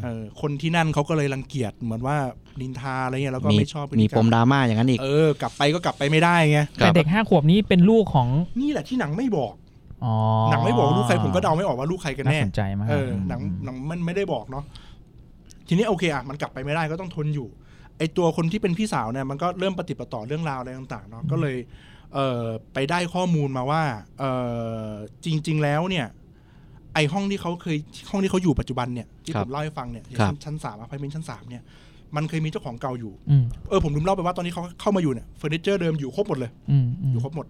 Speaker 3: เออ คนที่นั่นเขาก็เลยรังเกียจเหมือนว่านินทาอะไรเงี้ยแล้วก็
Speaker 4: มี
Speaker 3: ไม่ชอบพฤ
Speaker 4: มี
Speaker 3: ติกร
Speaker 4: ป
Speaker 3: ร
Speaker 4: มดราม่าอย่างนั้นอีก
Speaker 3: เออ กลับไปก็กลับไปไม่ได้ไง
Speaker 4: ครั
Speaker 2: แต่
Speaker 4: บ
Speaker 2: เด็กห้าขวบนี้เป็นลูกของ
Speaker 3: นี่แหละที่หนังไม่บอก
Speaker 2: อ๋อ
Speaker 3: หนังไม่บอกว่าลูกใครผมก็เดาไม่ออกว่าลูกใครกัน
Speaker 2: น่า
Speaker 3: แน่
Speaker 2: สนใจมาก
Speaker 3: เออ หนังหนังมันไม่ได้บอกเนาะ ทีนี้โอเคอ่ะ มันกลับไปไม่ได้ก็ต้องทนอยู่ ไอตัวคนที่เป็นพี่สาวเนี่ยมันก็เริ่มปฏิดปะต่อเรื่องราวอะไรต่างๆเนาะ ก็เลย เออไปได้ข้อมูลมาว่า เออจริง ๆ แล้วเนี่ย ไอห้องที่เขาเคยห้องที่เขาอยู่ปัจจุบันเนี่ยที่
Speaker 4: ครั
Speaker 3: ผ
Speaker 4: บ
Speaker 3: มเล่าให้ฟังเนี่ยอย่าง
Speaker 4: ครับ
Speaker 3: ชั้นชั้นสามอพาร์ตเมนต์ชั้นสามเนี่ย มันเคยมีเจ้าของเก่าอยู่
Speaker 2: อืม
Speaker 3: เออผมลืมเล่าไปว่าตอนนี้เขาเข้ามาอยู่เนี่ยเฟอร์นิเจอร์เดิมอยู่ครบหมดเลย
Speaker 2: อืมอืม
Speaker 3: อยู่ครบหมด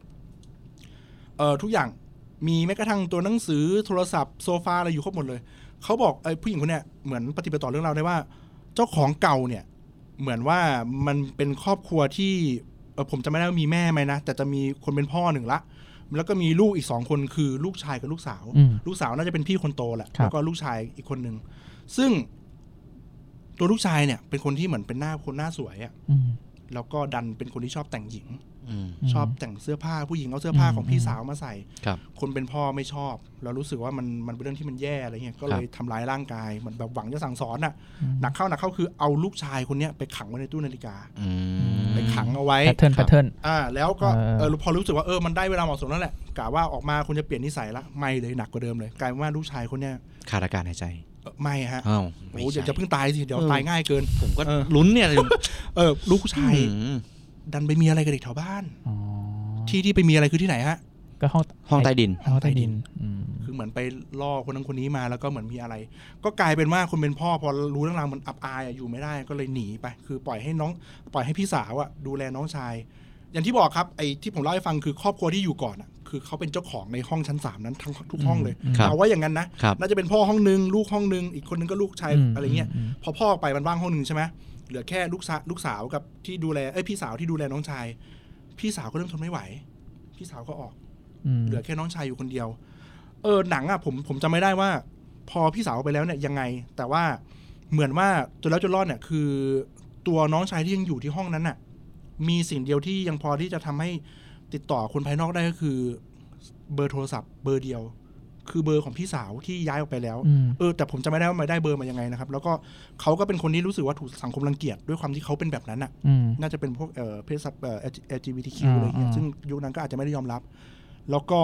Speaker 3: เอ่อทุกอย่างมีแม้กระทั่งตัวหนังสือโทรศัพท์โซฟาอะไรอยู่ครบหมดเลย เขาบอกไอ้ผู้หญิงคนเนี้ยเหมือนปฏิบัติต่อเรื่องราวได้ว่า เจ้าของเก่าเนี่ย เหมือนว่ามันเป็นครอบครัวที่เออผมจำไม่ได้ว่ามีแม่ไหมนะ แต่จะมีคนเป็นพ่อหนึ่งละ แล้วก็มีลูกอีกสองคนคือลูกชายกับลูกสาว
Speaker 2: อืม
Speaker 3: ลูกสาวน่าจะเป็นพี่คนโตแหละ
Speaker 2: ครับ
Speaker 3: แล้วก็ลูกชายอีกคนหนึ่ง ซึ่งตัวลูกชายเนี่ย เป็นคนที่เหมือนเป็นหน้าคนหน้าสวยอะ
Speaker 2: อืม
Speaker 3: แล้วก็ดันเป็นคนที่ชอบแต่งหญิง
Speaker 4: อืม
Speaker 2: อืม
Speaker 3: ชอบแต่งเสื้อผ้าผู้หญิงเอาเสื้อผ้า
Speaker 2: อืม
Speaker 3: ของพี่
Speaker 2: อืม
Speaker 3: สาวมาใส่
Speaker 4: ครับ
Speaker 3: คนเป็นพ่อไม่ชอบ แล้วรู้สึกว่ามันมันเป็นเรื่องที่มันแย่อะไรเงี้ย ก็เลยทำร้ายร่างกายเหมือนแบบหวังจะสั่งสอนน่ะ หนักเข้าหนักเข้าคือเอาลูกชายคนเนี้ยไปขังไว้ในตู้นาฬิกา
Speaker 4: อืม
Speaker 3: ไปขังเอาไว้
Speaker 2: แพทเทิร์นแพทเทิร์น
Speaker 3: อ่า แล้วก็
Speaker 2: เออ
Speaker 3: เออพอรู้สึกว่าเออมันได้เวลาเหมาะสมแล้วแหละกะว่าออกมาคุณจะเปลี่ยนนิสัยละไม่เลยหนักกว่าเดิมเลยกลายเป็นว่าลูกชายคนเนี้ย
Speaker 4: ขาดอากาศหายใจ
Speaker 3: เอ่อไม่ฮะ
Speaker 4: อ้าว
Speaker 3: โอ้ยอย่า
Speaker 4: ใช่
Speaker 3: จะเพิ่งตายสิเดี๋ยวตายง่ายเกิน
Speaker 4: ผมก็
Speaker 3: เออ
Speaker 4: ลุ้นเนี่ย
Speaker 3: เออลูกชาย
Speaker 4: อืม
Speaker 3: ดันไปมีอะไรกับเด็กแถวบ้าน
Speaker 2: อ๋อ
Speaker 3: ที่ที่ไปมีอะไรคือที่ไหนฮะ
Speaker 2: ก็ห้อง
Speaker 4: ห้องใต้ดิน
Speaker 2: ห้องใต้ดินอืม
Speaker 3: คือเหมือนไปล่อคนนั้นคนนี้มาแล้วก็เหมือนมีอะไร ก็กลายเป็นว่าคนเป็นพ่อพอรู้เรื่องราวมันอับอายอะอยู่ไม่ได้ก็เลยหนีไป คือปล่อยให้น้องปล่อยให้พี่สาวอะดูแลน้องชาย อย่างที่บอกครับไอ้ที่ผมเล่าให้ฟังคือครอบครัวที่อยู่ก่อนอะคือเขาเป็นเจ้าของในห้องชั้นสามนั้นทั้งทุกห้องเลย
Speaker 4: ครับ
Speaker 3: เอาไว่าอย่างนั้นนะครับ น่าจะเป็นพ่อห้องนึงลูกห้องนึงอีกคนนึงก็ลูกชายอะไรเงี้ย
Speaker 2: ม
Speaker 3: พอพ่อไปมันว่างห้องนึงใช่ไหมเหลือแค่ลูกสาวลูกสาวกับที่ดูแลเอ้ยพี่สาวที่ดูแลน้องชาย พี่สาวก็เริ่มทนไม่ไหว พี่สาวก็ออก
Speaker 2: ม
Speaker 3: เหลือแค่น้องชายอยู่คนเดียว เออหนังอะผมผมจำไม่ได้ว่า พอพี่สาวไปแล้วเนี่ยยังไง แต่ว่าเหมือนว่าจนแล้วจนรอดเนี่ยคือ ตัวน้องชายที่ยังอยู่ที่ห้องนั้นน่ะ มีสิ่งเดียวที่ยังพอที่จะทำให้ติดต่อคนภายนอกได้ก็คือ เบอร์โทรศัพท์เบอร์เดียว คือเบอร์ของพี่สาวที่ย้ายออกไปแล้ว
Speaker 2: อืม
Speaker 3: เออแต่ผมจำไม่ได้ว่ามาได้เบอร์มายังไงนะครับ แล้วก็เขาก็เป็นคนที่รู้สึกว่าถูกสังคมรังเกียจด้วยความที่เขาเป็นแบบนั้นอะ
Speaker 2: อืม
Speaker 3: น่าจะเป็นพวกเอ่อเพศสัตว์เอ่อ LGBTQ
Speaker 2: อ่า
Speaker 3: อะไรเงี้ย
Speaker 2: อ่า
Speaker 3: ซึ่งยุคนั้นก็อาจจะไม่ได้ยอมรับ แล้วก็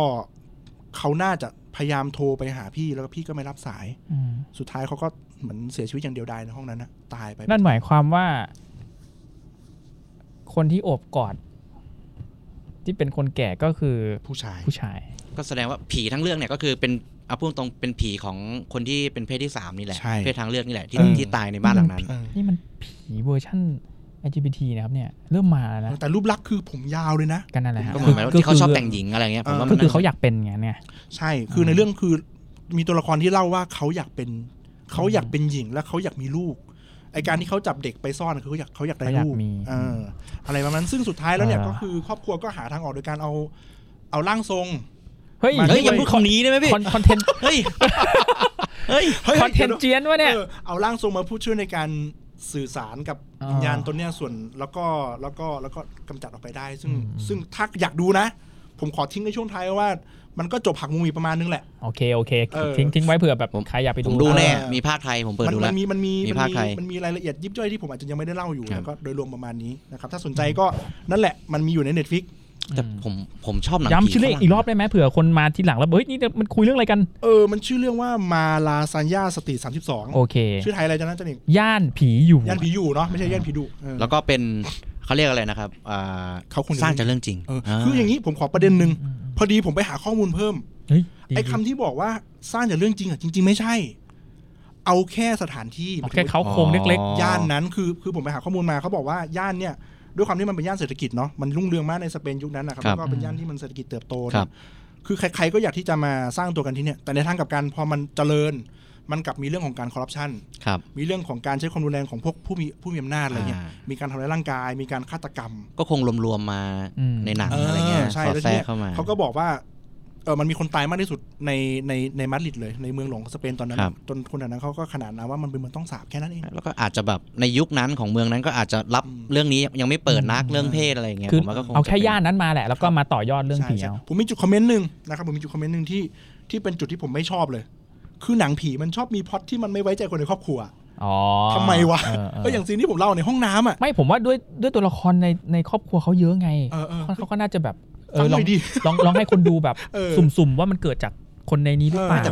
Speaker 3: เขาน่าจะพยายามโทรไปหาพี่แล้วก็พี่ก็ไม่รับสาย
Speaker 2: อืม
Speaker 3: สุดท้ายเขาก็เหมือนเสียชีวิตอย่างเดียวดายในห้องนั้นนะตายไป
Speaker 2: นั่นหมายความว่า คนที่โอบกอด ที่เป็นคนแก่ก็คือ
Speaker 3: ผู้ชาย
Speaker 2: ผู้ชาย
Speaker 4: ก็แสดงว่าผีทั้งเรื่องเนี่ยก็คือเป็นเอาพูดตรงเป็นผีของคนที่เป็นเพศที่สามนี่แหละ
Speaker 3: ใช่
Speaker 4: เพศทางเลือกนี่แหละที่
Speaker 3: เออ
Speaker 4: ที่ตายในบ้านหลังนั้น
Speaker 3: เออ
Speaker 2: นี่มันผีเวอร์ชั่น LGBT นะครับเนี่ย เริ่มมาแล้วนะ
Speaker 3: แต่รูปลักษณ์คือผมยาวเลยนะ
Speaker 2: กันนั่นแหละฮะ
Speaker 4: ก็เหมือนแบบที่เขาชอบแต่งหญิงอะไรเงี้ยผมว่ามั
Speaker 2: ก็
Speaker 4: น
Speaker 2: คือเขาอยากเป็นไงเนี่ย
Speaker 3: ใช่ คือในเรื่องคือมีตัวละครที่เล่าว่าเขาอยากเป็นเขาอยากเป็นหญิงและเขาอยากมีลูกไอการที่เขาจับเด็กไปซ่อนคือเขาอยากเขาอยากได้
Speaker 2: เขาอยาก
Speaker 3: ลูก
Speaker 2: มี
Speaker 3: เอออะไรประมาณนั้นซึ่งสุดท้ายแล้วเนี่ย
Speaker 2: เออ
Speaker 3: ก็คือครอบครัวก็หาทางออกโดยการเอาเอาร่างทรง
Speaker 2: เฮ้ย
Speaker 4: เฮ้ยอย่าพูดคำนี้ได้ไหมพี่
Speaker 2: คอนคอนเทนต์
Speaker 4: เฮ้ยเฮ้ย
Speaker 2: คอนเทนต์เจียนวะเนี่ย
Speaker 3: เออเอาร่างทรงมาพูดช่วยในการสื่อสารกับ
Speaker 2: อ่า
Speaker 3: วิญญาณตนเนี้ยส่วนแล้วก็แล้วก็แล้วก็กำจัดออกไปได้ ซึ่ง
Speaker 2: อืม
Speaker 3: ซึ่งถ้าอยากดูนะ ผมขอทิ้งในช่วงท้ายว่า มันก็จบหักมุมอีกประมาณนึงแหละ
Speaker 2: โอเคโอเค
Speaker 3: เออ
Speaker 2: ทิ้งทิ้งไว้เผื่อแบบ
Speaker 4: ผม
Speaker 2: ใครอยากไป
Speaker 4: ผ
Speaker 2: ดู
Speaker 4: มดูแน่
Speaker 3: เออ
Speaker 4: มีภาคไทยผมเปิด
Speaker 3: มัน
Speaker 4: ดู
Speaker 3: มั
Speaker 4: แล้ว
Speaker 3: นมีมันมี
Speaker 4: มี
Speaker 3: มัน
Speaker 4: ภาคไทย
Speaker 3: มันมีรายละเอียดยิบย่อยที่ผมอาจจะยังไม่ได้เล่าอยู่
Speaker 4: ครับ
Speaker 3: แล้วก็โดยรวมประมาณนี้นะครับถ้าสนใจก็นั่นแหละมันมีอยู่ใน Netflix
Speaker 4: แต่ผมผมชอบหนัง
Speaker 2: ย้ำชื่อ
Speaker 4: ผี
Speaker 2: เรื่อง
Speaker 4: ฝรั่ง
Speaker 2: อีกรอบได้ไหมเผื่อคนมาทีหลังแล้วเฮ้ยนี่มันคุยเรื่องอะไรกัน
Speaker 3: เออมันชื่อเรื่องว่ามาลาซานยาสติ32
Speaker 2: โอเค
Speaker 3: ชื่อไทยอะไรจ๊ะนั่นจ๊ะนี่
Speaker 2: ย่านผีอยู่
Speaker 3: ย่านผีอยู่เนาะไม่ใช่ย่านผีดุเออ
Speaker 4: แล้วก็เป็นเขาเรียกอะไรนะครับอ่า
Speaker 3: เขาคงจะ
Speaker 4: สร้างจากเรื่องจริง
Speaker 3: เออคืออย่างนี้ผมขอประเด็นหนึ่งพอดีผมไปหาข้อมูลเพิ่ม
Speaker 2: เฮ้ยดี
Speaker 3: ไอ้คำที่บอกว่าสร้างจากเรื่องจริงอ่ะจริง ๆ ไม่ใช่ เอาแค่สถานที่
Speaker 2: เอาแค่เขาโครงเล็ก
Speaker 4: อ๋อ
Speaker 3: ย่านนั้นคือคือผมไปหาข้อมูลมาเขาบอกว่าย่านเนี่ยด้วยความที่มันเป็นย่านเศรษฐกิจเนาะมันรุ่งเรืองมากในสเปนยุคนั้นนะครับ
Speaker 4: ครั
Speaker 3: แล้
Speaker 4: บ
Speaker 3: วก็เป็นย่านที่มันเศรษฐกิจเติบโต
Speaker 4: ครับ
Speaker 3: นะคือใครๆก็อยากที่จะมาสร้างตัวกันที่เนี่ยแต่ในทางกลับกันพอมันเจริญ มันกลับมีเรื่องของการคอร์รัปชัน
Speaker 4: ครับ
Speaker 3: มีเรื่องของการใช้ความรุนแรงของพวกผู้มีผู้มีอำนาจอะไรเงี้ย
Speaker 4: อ่า
Speaker 3: มีการทำร้ายร่างกาย มีการฆาตกรรม
Speaker 4: ก็คงรวมๆมา
Speaker 2: อืม
Speaker 4: ในหนัง
Speaker 3: เออ
Speaker 4: อะไรเงี้ย
Speaker 3: ใช่
Speaker 4: สอด
Speaker 3: แล้ว
Speaker 4: แทร
Speaker 3: ที
Speaker 4: ก
Speaker 3: เนี้ย
Speaker 4: เข้ามา
Speaker 3: เขาก็บอกว่าเออมันมีคนตายมากที่สุดในในในมาดริดเลยในเมืองหลวงของสเปนตอนนั้น
Speaker 4: ครับ
Speaker 3: จนคนแถวนั้นเขาก็ขนานนามว่ามันเป็นเมืองต้องสาบแค่นั้นเอง
Speaker 4: แล้วก็อาจจะแบบในยุคนั้นของเมืองนั้นก็อาจจะรับ
Speaker 3: อืม
Speaker 4: เรื่องนี้ยังไม่เปิดนักเรื่องเพศอะไรอย่างเงี้ย
Speaker 2: ๆ คือ
Speaker 4: ผมว่าก็คง
Speaker 2: เอาแค่
Speaker 4: จะป็
Speaker 2: ย่านนั้นมาแหละ แล้วก็มาต่อยอดเรื่อง
Speaker 3: ใช่
Speaker 2: ผี
Speaker 3: ใช่
Speaker 2: เอา
Speaker 3: ผมมีจุดคอมเมนต์หนึ่งนะครับผมมีจุดคอมเมนต์หนึ่งที่ที่เป็นจุดที่ผมไม่ชอบเลย คือหนังผีมันชอบมีพล็อตที่มันไม่ไว้ใจคนในครอบครัว
Speaker 2: อ๋อ
Speaker 3: ทำไมวะ
Speaker 2: เออเออ
Speaker 3: ก็อย่างซีนที่ผมเล่าในห้องน้ำอ่ะ
Speaker 2: ไม่ผมว่าด้วยด้วยตัวละครในในครอบครัวเขาเยอะไง
Speaker 3: เออเออ
Speaker 2: เขาก็น่าจะแบบเอ
Speaker 3: ฟั
Speaker 2: อง
Speaker 3: ห
Speaker 2: ลอ
Speaker 3: น่
Speaker 2: ง
Speaker 3: อยดี
Speaker 2: ลองลองให้คนดูแบบ
Speaker 3: เออ
Speaker 2: สุ่มๆว่ามันเกิดจากคนในนี้หรือเปล่า
Speaker 3: เออแต่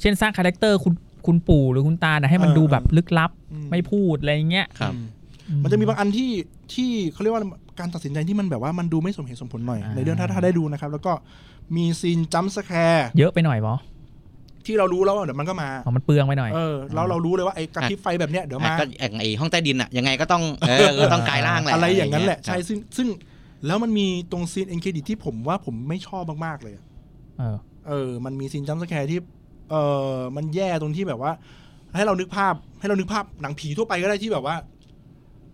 Speaker 2: เช่นสร้างคาแรคเตอร์คุณคุณปู่หรือคุณตาน่ะให้มัน
Speaker 3: เออ
Speaker 2: ดูแบบลึกลับ
Speaker 3: อืม
Speaker 2: ไม่พูดอะไรอย่างเงี้ย
Speaker 4: ครับ
Speaker 3: มันจะมีบางอันที่ที่เขาเรียกว่าการตัดสินใจที่มันแบบว่ามันดูไม่สมเหตุสมผลหน่อย
Speaker 2: อ่า
Speaker 3: ในเรื่องถ้าถ้าได้ดูนะครับแล้วก็มีซีนจัมป์สแคร์
Speaker 2: เยอะไปหน่อยบอ
Speaker 3: ที่เรารู้แล้วว่าเดี๋ยวมันก็มา
Speaker 2: เอามันเปลืองไปหน่อย
Speaker 3: เออแล้วเรารู้เลยว่าไอ้กระพริบไฟแบบเนี้ยเดี๋ยว
Speaker 4: อ่ะ
Speaker 3: มา
Speaker 4: ก็อย่างไอ้ห้องใต้ดินอะยังไงก็ต้องเอ อก็ต้องกลายร่างแหละ
Speaker 3: อะไรอย่างนั้นแหละ
Speaker 4: ไร
Speaker 3: ใช่
Speaker 4: เงี้ย
Speaker 3: ซึ่งซึ่งแล้วมันมีตรงซีนเอ็นเครดิตที่ผมว่าผมไม่ชอบมากๆเลยอะ
Speaker 2: เออ
Speaker 3: เออ มันมีซีนจัมป์สแคร์ที่เออมันแย่ตรงที่แบบว่า ให้เรานึกภาพให้เรานึกภาพหนังผีทั่วไปก็ได้ที่แบบว่า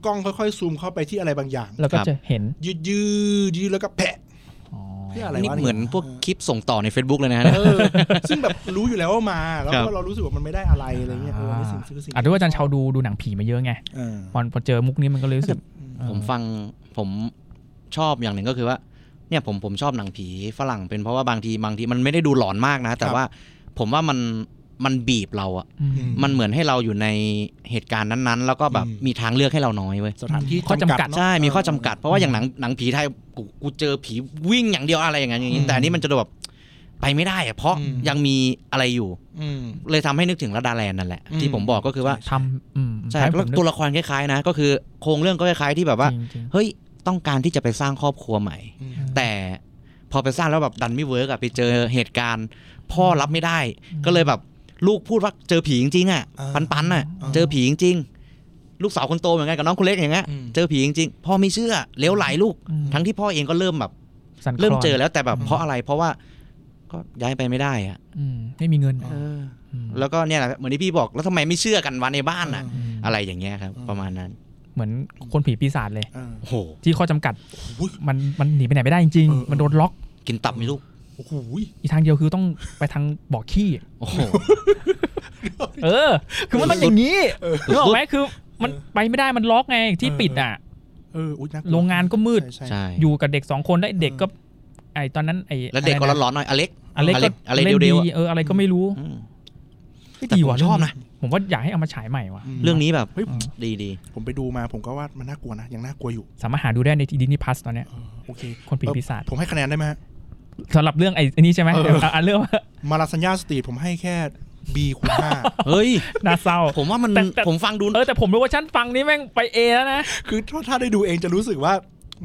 Speaker 3: กล้องค่อยๆซูมเข้าไปที่อะไรบางอย่าง
Speaker 2: แล้วก็จะเห็น
Speaker 3: ยืดยืดยืดแล้วก็แผะ
Speaker 2: อ๋อ
Speaker 3: เพื่ออะไร
Speaker 4: นี่
Speaker 3: วะ
Speaker 4: เหมือนพวกคลิปส่งต่อใน Facebook เลยนะ
Speaker 3: เออซึ่งแบบรู้อยู่แล้วว่ามา แล้ว
Speaker 4: ครั
Speaker 3: ก็
Speaker 4: บ
Speaker 3: เรารู้สึกว่ามันไม่ได้อะไรอะไรเงี้ยเออนี่สิ่งคือสิ่ง
Speaker 2: อ่ะด้วยอาจารย์ชาวดูดูหนังผีมาเยอะไง
Speaker 3: เออ
Speaker 2: พอพอเจอมุกนี้มันก็เลยรู้สึกเออ
Speaker 4: ผมฟังผมชอบอย่างหนึ่งก็คือว่า เนี่ยผมผมชอบหนังผีฝรั่งเป็นเพราะว่าบางทีบางทีมันไม่ได้ดูหลอนมากนะ แต่
Speaker 3: ครับ
Speaker 4: ว่าผมว่ามันมันบีบเราอะ
Speaker 2: อืม
Speaker 3: อืม
Speaker 4: มันเหมือนให้เราอยู่ในเหตุการณ์นั้นๆ แล้วก็แบบ
Speaker 3: อืม
Speaker 4: มีทางเลือกให้เราน้อยเว้ย
Speaker 3: สถานที่
Speaker 2: ข้อจำกัด
Speaker 3: เนะ
Speaker 4: ใช่มีข้อจำกัดเพราะว่าอย่างหนังหนังผีไทยกูกูเจอผีวิ่งอย่างเดียวอะไรอย่างเงี้ยอย่างนี้
Speaker 3: อืม
Speaker 4: แต่อันนี้มันจะแบบไปไม่ได้อะเพราะ
Speaker 3: อืม
Speaker 4: ยังมีอะไรอยู่
Speaker 3: อืม
Speaker 4: เลยทำให้นึกถึงระดาแลนด์นั่นแหละ
Speaker 3: อืม
Speaker 4: ที่ผมบอกก็คือว่า
Speaker 2: ทำอืม
Speaker 4: ใช่
Speaker 2: ห้ผม
Speaker 4: แล้ว
Speaker 2: นึก
Speaker 4: ตัวละครคล้ายๆ นะ ก็คือโครงเรื่องก็คล้ายๆที่แบบว่า
Speaker 2: จริง
Speaker 4: เฮ้ยต้องการที่จะไปสร้างครอบครัวใหม่ แต่พอไปสร้างแล้วแบบดันไม่เวิร์กอะไปเจอเหตุการณ์ พ่อรับไม่ได้ ก็เลยแบบลูกพูดว่าเจอผีจริงๆอะ
Speaker 3: อ่า
Speaker 4: ปันปันๆอะ
Speaker 3: อ่า
Speaker 4: เจอผีจริงๆลูกสาวคนโตเหมือนกันกับน้องคนเล็กอย่างเงี้ย
Speaker 3: อืม
Speaker 4: เจอผีจริงๆพ่อไม่เชื่อเหลี้ยวไหลลูก ทั้งที่พ่อเองก็เริ่มแบบ
Speaker 2: ๆสั่นคลน
Speaker 4: เริ่มเจอแล้วแต่แบบเพราะอะไร เพราะว่าก็ย้ายไปไม่ได้อะ
Speaker 2: อืมไม่มีเงิน
Speaker 4: เออ
Speaker 2: ม
Speaker 4: แล้วก็เนี่ยแหละเหมือนที่พี่บอกแล้วทำไมไม่เชื่อกันวันในบ้านอ่ะ
Speaker 2: อืม
Speaker 4: อะไรอย่างเงี้ยครับ ประมาณนั้น
Speaker 2: เหมือนคนผีปีศาจเลย
Speaker 3: เออ
Speaker 4: โอ้โห
Speaker 2: ที่ข้อจำกัด
Speaker 3: โอ้ย
Speaker 2: มันมันหนีไปไหนไม่ได้จริง
Speaker 3: เออ
Speaker 2: ๆมันโดนล็อก
Speaker 4: กินตับไหมลูก
Speaker 3: โอ้โห
Speaker 2: อีกทางเดียวคือต้องไปทางบ่อ ขี้
Speaker 4: โอ้โห
Speaker 2: เออ คือมันมันอย่างนี้นึกออกไหมคือมันไปไม่ได้มันล็อกไงที่ปิดอ่ะ
Speaker 3: เอออุ๊ยน่กลัว
Speaker 2: โรงงานก็มืด
Speaker 3: ใช่ใช่
Speaker 4: ใช่
Speaker 2: อยู่กับเด็กสองคนแล้วไอ้เด็กก็ ไอตอนนั้นไอ
Speaker 4: แล้วเด็กก็
Speaker 2: อะไรนะ
Speaker 4: ร้อนๆหน่อยอเล็ก
Speaker 2: อเล็กก็
Speaker 4: อะไร
Speaker 2: เล่น
Speaker 4: เดี
Speaker 2: ดี
Speaker 4: ยวๆอะ
Speaker 2: เอออะไรก็ไม่รู้
Speaker 4: อืม
Speaker 2: ไม่ดีว่ะ
Speaker 4: แต่ผมชอบนะ
Speaker 2: ผมว่าอยากให้เอามาฉายใหม่ว่ะ
Speaker 4: เรื่องนี้แบบ
Speaker 3: เฮ้ย
Speaker 4: ดีดี
Speaker 3: ผมไปดูมาผมก็ว่ามันน่ากลัวนะยังน่ากลัวอยู่
Speaker 2: สามารถหาดูได้ในดิสนีย์พลัสตอนเนี้ย
Speaker 3: โอเค
Speaker 2: คนผี
Speaker 3: เอ่อ
Speaker 2: ปีศาจ
Speaker 3: ผมให้คะแนนได้ไหมฮะ
Speaker 2: สำหรับเรื่องไอ้ไอ้นี่ใช่ไหม
Speaker 3: เออ
Speaker 2: เอออ่ะเรื่องว่า
Speaker 3: มาราสัญญาสตรีทผมให้แค่ B คูณห้า
Speaker 4: ๆเฮ้ย
Speaker 2: น่าเศร้า
Speaker 4: ผมว่ามัน
Speaker 2: แต่แต่
Speaker 4: ผมฟังดู
Speaker 2: เออแต่ผมรู้ว่าฉันฟังนี้แม่งไปเอแล้วนะ
Speaker 3: คือถ้าถ้าได้ดูเองจะรู้สึกว่า